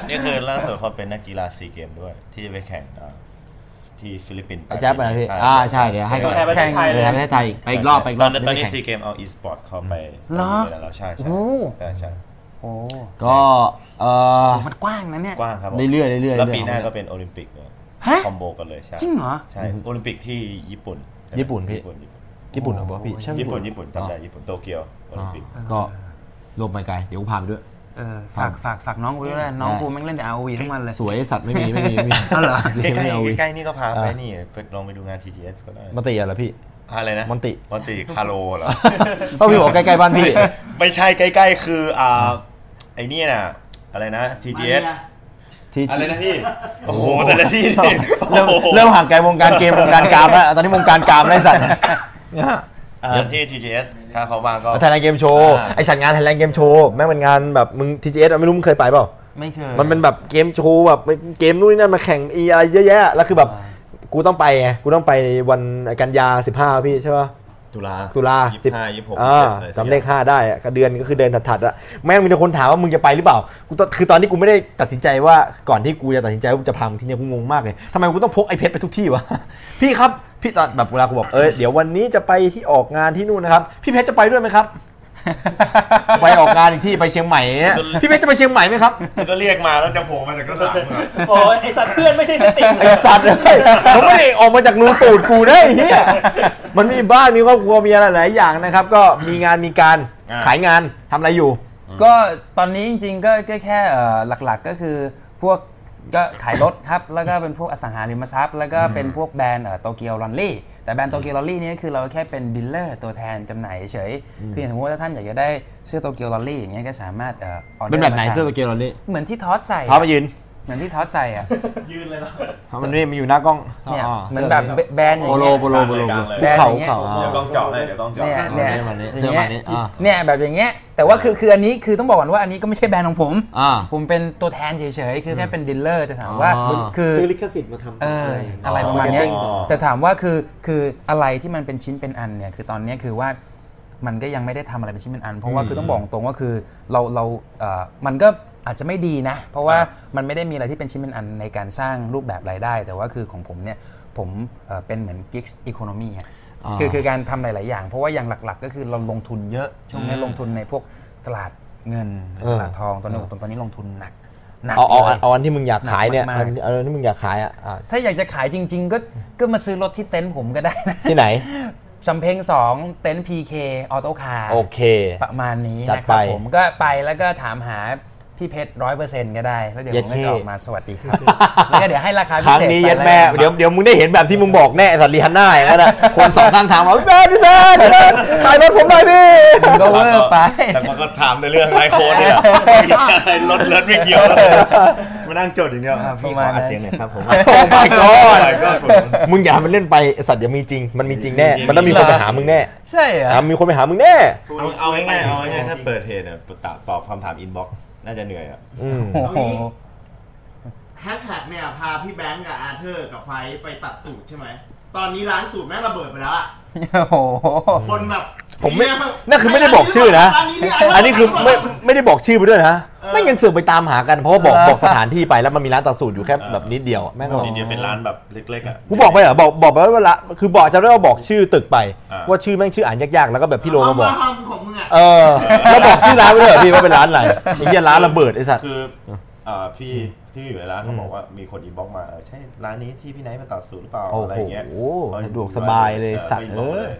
Speaker 5: นี่คือล่าสุดเขาเป็นนักกีฬาซีเกมด้วย ที่ไปแข่งเอ่อที่ฟิลิปปินส์
Speaker 1: อาจารย์ไปพี่ อ่า ใช่ เดี๋ยวให้
Speaker 2: ตัวแทนประเทศไทย
Speaker 1: ไป
Speaker 2: เลย
Speaker 1: ทำประเทศไทย ไปอีกรอบไปอีกร
Speaker 5: ต
Speaker 1: อ
Speaker 5: อบ นนั้นตอนนี้
Speaker 1: ไม่ได้แข่ง
Speaker 5: ซีเกมเอาอีสปอร์ตเข้าไป
Speaker 4: เหรอ
Speaker 5: แล้วใช่ใช่
Speaker 4: โอ้โห
Speaker 5: ใช่ใช่
Speaker 4: โอ้โห
Speaker 1: ก็เอ่อ
Speaker 4: มันกว้างนะเนี่ย
Speaker 5: กว้างครับผม
Speaker 1: เรื่อยๆเรื่อยๆ
Speaker 5: แล้วปีหน้า
Speaker 1: เรื่อ
Speaker 5: ก็
Speaker 1: ย
Speaker 5: เป็นโอลิมปิกเลย
Speaker 4: ฮะ
Speaker 5: คอมโบกันเลยใช่
Speaker 4: จริงเหรอ
Speaker 5: ใช่โอลิมปิกที่ญี่ปุ่นใช่ไหม
Speaker 1: ญี่ปุ่นพี่
Speaker 5: ญี่ปุ่นญี่
Speaker 1: ๆญี่ปุ่นเหรอวะ
Speaker 5: ปุ่น
Speaker 1: พี่ใช่
Speaker 5: ญี่ปุ่นญี่ปุ่นจำได้ญี่ปุ่นโตเกียวโอ
Speaker 1: อ๋
Speaker 5: ลิ
Speaker 1: อ
Speaker 5: มปิก
Speaker 1: ก็รวมไปไกล เดี๋ยวกูพาไปด้วย
Speaker 4: เออฝากฝากฝากน้องกูด้วยนะน้องกูแม่งเล่นแต่ ROV ทั้งวันเลย
Speaker 1: สวยสัตว์ไม่มี ไม่มีไม่มี
Speaker 4: เอาเหรอ
Speaker 1: ใก
Speaker 5: ใกล้
Speaker 1: ล้ๆเอาอีก
Speaker 5: ๆใกล้ๆนี่ก็พาไปนี่ไปลองไปดูงาน TGS ก็ได้
Speaker 1: มันตีอะไรพี่
Speaker 5: อะไรนะ
Speaker 1: มอนติ
Speaker 5: ม อนติคาโลเหรอ
Speaker 1: ก็พี่บอกใกล้ๆบ้านพี่
Speaker 5: ไม่ใช่ใกล้ๆ คืออ่าไอ้เนี่ยน่ะอะไรนะ TGS
Speaker 1: ที่
Speaker 5: อะไรนะพี่ โอ้โห แต่ละที่นี่
Speaker 1: เริ่ม
Speaker 5: โอ้โห
Speaker 1: เริ่มห่างไกลวงการเกมวงการกามแล้ว ตอนนี้วงการกามแล้วได้สัตว์
Speaker 5: อ่าที่ TGS ถ้าเขามาก็
Speaker 1: ไทยแลนด์เกมโชว์
Speaker 5: อ่า
Speaker 1: ไอสัตว์งานไทยแลนด์เกมโชว์แม่งเป็นงานแบบมึง TGS อะไม่รู้มึงเคยไปเปล่า
Speaker 4: ไม่เคย
Speaker 1: มันเป็นแบบเกมโชว์แบบเกมนู่นนี่นั่นมาแข่งอีอะไรเยอะแยะ แล้วคือแบบ
Speaker 4: อ่า
Speaker 1: กูต้องไปไงกูต้องไปวันกันยา 15 พี่ใช่ป่ะ
Speaker 5: ตุลา
Speaker 1: ตุลา
Speaker 5: ยี่
Speaker 1: สิ
Speaker 5: สิบห้ายี่สิบหก
Speaker 1: อ่าจำเลขห้าได้อะเดือนก็คือเดือนถัดๆอะแม่งมีแต่คนถามว่ามึงจะไปหรือเปล่ากูตอนคือตอนนี้กูไม่ได้ตัดสินใจว่าก่อนที่กูจะตัดสินใจว่ากูจะพามึงที่เนี่ยกูงงมากเลยทำไมกูต้องพกไอ้เพชรไปทุกที่ วะ พี่ครับพี่ตอนแบบเวลากูบอกเออเดี๋ยววันนี้จะไปที่ออกงานที่นู่นนะครับพี่เพชรจะไปด้วยไหม ครับ ไปออกงานอีกที่ไปเชียงใหม่ เนี่ยพี่เพชรจะไปเชียงใหม่ไหมครับ
Speaker 5: ก็เรียกมาแล้วจะโผล่มาจากข้างหลังอะ
Speaker 2: โอ้ยไอสัตว์เพื่อนไม่ใช่สติง
Speaker 1: ไอสัตว์เลยเขาไม่ได้ออกมาจากรูตูดกูนะได้เฮียมันมีบ้านมีครอบครัวมีอะไรหลายอย่างนะครับ ก็มีงานมีการขายงานทำอะไรอยู่
Speaker 4: ก็ตอนนี้จริงๆก็ก็แค่เอ่อหลักๆก็คือพวกก็ขายรถครับ แล้วก็เป็นพวกอสังหาริมทรัพย์ แล้วก็เป็นพวกแบรนด์โตเกียวลอนลี่อ Tokyo Lonely แต่แบรนด์โตเกียวลอนลี่นี่ยคือเราแค่เป็นดีลเลอร์ตัวแทนจำหน่ายเฉยๆคืออย่างสมมติว่าถ้าท่านอยากจะได้เสื้อโตเกียวลอนลี่อย่างเงี้ยก็สามารถเออ order
Speaker 1: เป็นแบบไหน
Speaker 4: มาทำ
Speaker 1: เสื้อตัวเกลอนนี่
Speaker 4: เหมือนที่ทอสใส่
Speaker 1: ท้ามายืน
Speaker 4: เหมือนที่ทอสใส่อ่ะ
Speaker 1: ท้ามันนี่มันอยู่หน้ากล้อง
Speaker 4: เนี่ย
Speaker 1: อ๋อ
Speaker 4: เหมือนแบบแบรนด์อ
Speaker 1: โป
Speaker 4: ย่าง
Speaker 1: โลโปโล
Speaker 4: เงี้ย
Speaker 1: โปโล
Speaker 4: แบรนด์
Speaker 1: เข่า
Speaker 4: อย่างเงี้ย
Speaker 1: เข่า
Speaker 5: เดี๋ยวกล้องเจาะให้เดี๋ยวกล้องเจาะ
Speaker 4: เนี่ย
Speaker 5: ให้
Speaker 4: เนี่ย
Speaker 1: แบบนี้
Speaker 4: อ
Speaker 1: เสื้อย่าง แบบ
Speaker 4: เงี้
Speaker 1: นี้
Speaker 4: ย
Speaker 1: อ่า
Speaker 4: เนี่ยแบบอย่างเงี้ยแต่ว่าคือคืออันนี้คือต้องบอกก่อนว่าอันนี้ก็ไม่ใช่แบรนด์ของผม
Speaker 1: อ่า
Speaker 4: ผมเป็นตัวแทนเฉยๆ คือแค่เป็นดีลเลอร์แต่ถามว่า
Speaker 1: อ๋อ
Speaker 4: คือ
Speaker 9: ซื้อลิขสิทธิ์มาทำ
Speaker 4: เอออะไรประมาณเนี้ยแต่ถามว่าคือคืออะไรที่มันเป็นชิ้นเป็นอันเนี่ยคือตอนเนี้ยคือว่ามันก็ยังไม่ได้ทำอะไรเป็นชิ้นเป็นอัน เพราะว่าคือต้องบอกตรงว่าคือเราเราเอ่อมันก็อาจจะไม่ดีนะ เพราะว่ามันไม่ได้มีอะไรที่เป็นชิ้นเป็นอันในการสร้างรูปแบบรายได้ แต่ว่าคือของผมเนี่ยผมเอ่อเป็นเหมือนกิ๊กอีโคโนมีอะ คือคือการทำหลาย ๆ อย่าง เพราะว่าอย่างหลัก ๆ ก็คือเราลงทุนเยอะ ช่วงนี้ลงทุนในพวกตลาดเงิน
Speaker 1: เออ
Speaker 4: ตลาดทองตอนนี้ตอนนี้ลงทุนหนักหนัก
Speaker 1: เอาเอา
Speaker 4: เลย
Speaker 1: เอาอันที่มึงอยากขายเนี่ย
Speaker 4: หนัก
Speaker 1: อั
Speaker 4: มาก
Speaker 1: นเอาอันที่มึงอยากขายอ่ะอ่า
Speaker 4: ถ้าอยากจะขายจริง ๆ ก็ก็มาซื้อรถที่เต็นท์ผมก็ได้นะ
Speaker 1: ที่ไหน
Speaker 4: สำเพ็งสองเต็นท์ PK ออโต้คาร์
Speaker 1: โอเค
Speaker 4: ประมาณนี้
Speaker 1: จัด
Speaker 4: นะค
Speaker 1: ไป
Speaker 4: รับผมก็ไปแล้วก็ถามหาพี่เพชรร้อยเปอร์เซ็นต์ก็ได้ แล้วเดี๋ยว
Speaker 1: เย็ด
Speaker 4: ผม
Speaker 1: เข้
Speaker 4: ก็จะออกมาสวัสดีครับ แล้วก็เดี๋ยวให้ราคา
Speaker 1: ค
Speaker 4: พิ
Speaker 1: รั้ง
Speaker 4: เศษ
Speaker 1: นี้
Speaker 4: ไป
Speaker 1: ยัดแม่
Speaker 4: ล้วกัน
Speaker 1: เดี๋ยวเดี๋ยวมึงได้เห็นแบบที่มึงบอกแน่ไอ้สัตว์ลีฮันน่าอย่าง นั้นนะคนสองข้างทางว่าพี่แม่พี่แม่พี่แม่ขายรถผมหน่อย พี่
Speaker 4: มึงก็เวอร์ไป
Speaker 5: แต่มันก็ถามในเรื่องไมโครนี่แหละรถรถไม่เกี่ยวเลยมานั่งจดอย่างเดียวอ่ะพี่ขออัดเสียงหน่อยครับผม
Speaker 1: โอ้ my god
Speaker 5: ก็ผม
Speaker 1: มึงอย่าให้มันเล่นไปไอ้สัตว์เดี๋ยวมีจริง มันมีจริงแน่
Speaker 5: จริง
Speaker 1: มันต้องมีคนไปหามึงแน่
Speaker 4: ใช่เหรอ
Speaker 1: อ่ะมีคนไปหามึงแน่
Speaker 5: เอาเอาง่ายๆเอาง่ายๆถ้าเปิดเหตุเนี่ยตอบคำถามอินบ็อกซ์น่าจะเหนื่อยอ่ะ
Speaker 1: อืม
Speaker 4: โอ้โห
Speaker 7: แฮชแท็กเนี่ยพาพี่แบงค์กับอาเธอร์กับไฟท์ไปตัดสูตรใช่ไหม ตอนนี้ร้านสูตรแม่งระเบิดไปแล้วอะ
Speaker 4: โอ้โห
Speaker 7: คนแบบ
Speaker 1: ผมไม่
Speaker 7: เนี่ย
Speaker 1: นั่นคือไม่ได้บอกชื่อนะ อันนี้คือไม่
Speaker 7: เ
Speaker 1: ไม่ได้บอกชื่อไปด้วยนะ
Speaker 7: เออ
Speaker 1: ไม่งั้นเสือกไปตามหากันเพราะว่าบอก
Speaker 4: เออ
Speaker 1: บอกสถานที่ไปแล้วมันมีร้านตัดสูตรอยู่แค่แบบนิดเดียวอะแม่งก็
Speaker 5: ต
Speaker 1: แบ
Speaker 5: อ
Speaker 1: บ
Speaker 5: นนี้เดียวเป็นร้านแบบเล็กๆอ่ะ
Speaker 1: กูบอกไปเหรอบอกบอกไปว่าเวลาคือบอกจำได้ว่าบอกชื่อตึกไป
Speaker 5: อ่า
Speaker 1: ว่าชื่อแม่งชื่ออ่านยากๆแล้วก็แบบพี่โล
Speaker 7: อา
Speaker 1: มาบ
Speaker 7: มา
Speaker 1: อก
Speaker 7: ทำของมึงอ่ะ
Speaker 1: เออแล้วบอกชื่อร้านไปเลยเหรอพี่ว่าเป็นร้านอะไรไอ้เหี้ยร้านระเบิดไอ้สัตว์
Speaker 5: คืออ่าพี่ที่อยู่ในร้านเขาบอกว่ามีคนอินบ็อกมาเออใช่ร้านนี้ที่พี่ไนท์มาตัดสูตรหรือเปล่า
Speaker 1: โอ้โห
Speaker 5: อะไรอย่างเงี้ย
Speaker 1: สะดวกสบายเลยสัตว์
Speaker 5: ไปบก
Speaker 1: เอ้
Speaker 5: เลย ย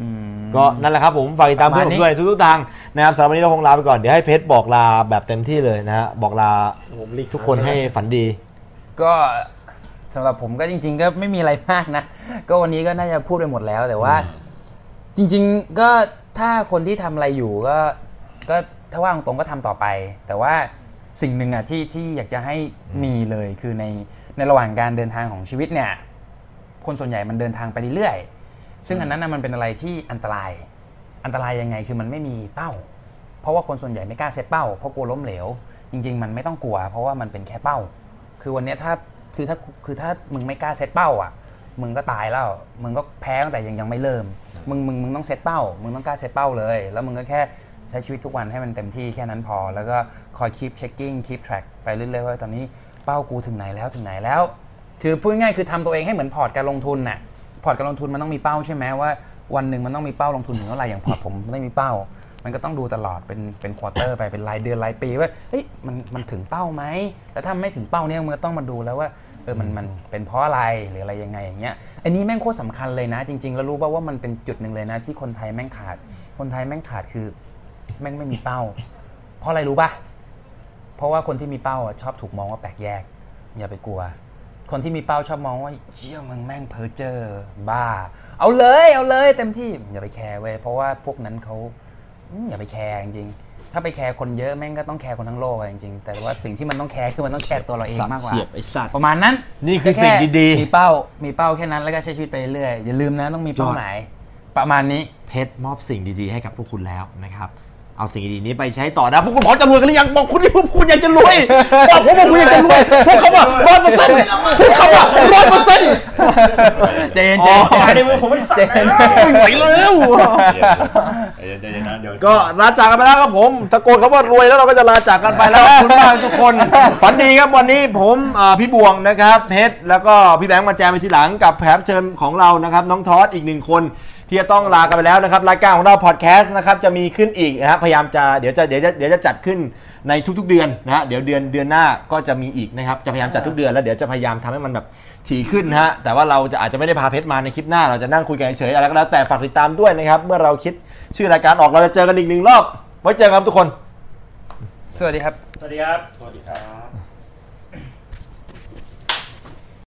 Speaker 4: อืม
Speaker 1: ก็นั่นแหละครับผมฝากติดตาม
Speaker 4: ประ
Speaker 1: เพื่
Speaker 4: มา
Speaker 1: อนผ
Speaker 4: ณ
Speaker 1: ม
Speaker 4: นี้
Speaker 1: ด้วยทุกๆทางนะครับสำหรับวันนี้เราคงลาไปก่อนเดี๋ยวให้เพชรบอกลาแบบเต็มที่เลยนะฮะบอกลาทุกคนให้ฝันดี
Speaker 4: ก็สำหรับผมก็จริง ๆ ก็ไม่มีอะไรมากนะ ก็วันนี้ก็น่าจะพูดไปหมดแล้ว แต่ว่า จริง ๆ ก็ถ้าคนที่ทำอะไรอยู่ก็ก็ถ้าว่างตรงก็ทำต่อไป แต่ว่าสิ่งหนึ่งอะที่ที่อยากจะให้มีเลยคือในในระหว่างการเดินทางของชีวิตเนี่ย คนส่วนใหญ่มันเดินทางไปเรื่อยๆ ซึ่งอันนั้นนะมันเป็นอะไรที่อันตราย อันตรายยังไงคือมันไม่มีเป้า เพราะว่าคนส่วนใหญ่ไม่กล้าเซตเป้าเพราะกลัวล้มเหลว จริง ๆ มันไม่ต้องกลัว เพราะว่ามันเป็นแค่เป้า คือวันเนี้ยถ้าคือถ้าคือถ้ามึงไม่กล้าเซตเป้าอ่ะ มึงก็ตายแล้ว มึงก็แพ้ตั้งแต่ยังยังไม่เริ่ม มึงมึงมึงต้องเซตเป้า มึงต้องกล้าเซตเป้าเลย แล้วมึงก็แค่ใช้ชีวิตทุกวันให้มันเต็มที่แค่นั้นพอ แล้วก็คอยคีปเช็คกิ้งคีปแทร็กไปเรื่อยๆว่าตอนนี้เป้ากูถึงไหนแล้วถึงไหนแล้ว คือพูดง่ายๆคือทำตัวเองให้เหมือนพอร์ตการลงทุนน่ะ พอร์ตการลงทุนมันต้องมีเป้าใช่ไหมว่า วันหนึ่งมันต้องมีเป้าลงทุนถึงเท่าไหร่อย่างพอร์ตผมไม่มีเป้า มันก็ต้องดูตลอดเป็นเป็นควอเตอร์ไปเป็นรายเดือนรายปีว่าเฮ้ยมันมันถึงเป้าไหมแล้วถ้าไม่ถึงเป้าเนี่ยมันก็ต้องมาดูแล้วว่าเออมันมันเป็นเพราะอะไรหรืออะไรยังไงอย่างเงี้ยอันนี้แม่งโคตรสำคัญเลยนะ จริง ๆ แล้วรู้ป่าวว่ามันเป็นจุดหนึ่งเลยนะ ที่คนไทยแม่งขาด คนไทยแม่งขาดคือ แม่งไม่มีเป้า เพราะอะไรรู้ป่ะ เพราะว่าคนที่มีเป้าอะชอบถูกมองว่าแปลกแยก อย่าไปกลัว คนที่มีเป้าชอบมองว่าเชี่ยมึงแม่งเพ้อเจอบ้า เอาเลยเอาเลยเต็มที่อย่าไปแคร์เว้ยเพราะว่าพวกนั้นเขาอืมอย่าไปแคร์จริงๆถ้าไปแคร์คนเยอะแม่งก็ต้องแคร์คนทั้งโลกอะจริงๆแต่ว่าสิ่งที่มันต้องแคร์คือมันต้องแคร์ตัวเราเองมากกว่า ประมาณนั้น
Speaker 1: นี่คือสิ่งดีๆ
Speaker 4: มีเป้ามีเป้าแค่นั้นแล้วก็ใช้ชีวิตไปเรื่อยอย่าลืมนะต้องมีเป้าหมายประมาณ นี้
Speaker 20: เพชรมอบสิ่งดีๆ ให้กับพวกคุณแล้วนะครับ เอาสิ่งดีๆนี้ไปใช้ต่อนะ พวกคุณพร้อมจะรวยกันหรือยัง บอกคุณดิพวกคุณอยากจะรวยบอกผมว่าคุณอยากจะรวย พวกเขาอะร้อยเปอร์เซ็นต์พวกเขาอะร้อยเปอร์เซ็นต์
Speaker 4: ใจเย็น
Speaker 20: อ๋อ
Speaker 4: ใจเย็นใจเย็น
Speaker 20: ไหวแล้ว
Speaker 5: ใจเย็นใจเย็นนะเดี๋ยว
Speaker 1: ก็ลาจากกันไปแล้วครับผมตะโกนคำว่ารวยแล้วเราก็จะลาจากกันไปแล้ว ขอบคุณมากทุกคนฝันดีครับวันนี้ผมอ่าพี่บวงนะครับเพชรแล้วก็พี่แบงค์มาแจมไปทีหลังกับแผบเชิญของเรานะครับน้องทอสอีกหนึ่งคน ที่จะต้องลากันไปแล้วนะครับรายการของเราพอดแคสต์นะครับจะมีขึ้นอีกนะครับพยายามจะเดี๋ยวจะเดี๋ยวจะเดี๋ยวจะจัดขึ้นในทุก ๆ เดือนนะฮะเดี๋ยวเดือนเดือนหน้าก็จะมีอีกนะครับจะพยายามจัดทุกเดือนแล้วเดี๋ยวจะพยายามทำให้มันแบบถี่ขึ้นนะฮะแต่ว่าเราจะอาจจะไม่ได้พาเพชรมาในคลิปหน้า เราจะนั่งคุยกันเฉยๆอะไรก็แล้วแต่ฝากติดตามด้วยนะครับเมื่อเราคิด ชื่อรายการออกเราจะเจอกันอีกหนึ่งรอบ ไว้เจอกันครับทุกคน
Speaker 4: สวัสดีครับ
Speaker 2: สวัสดีครับ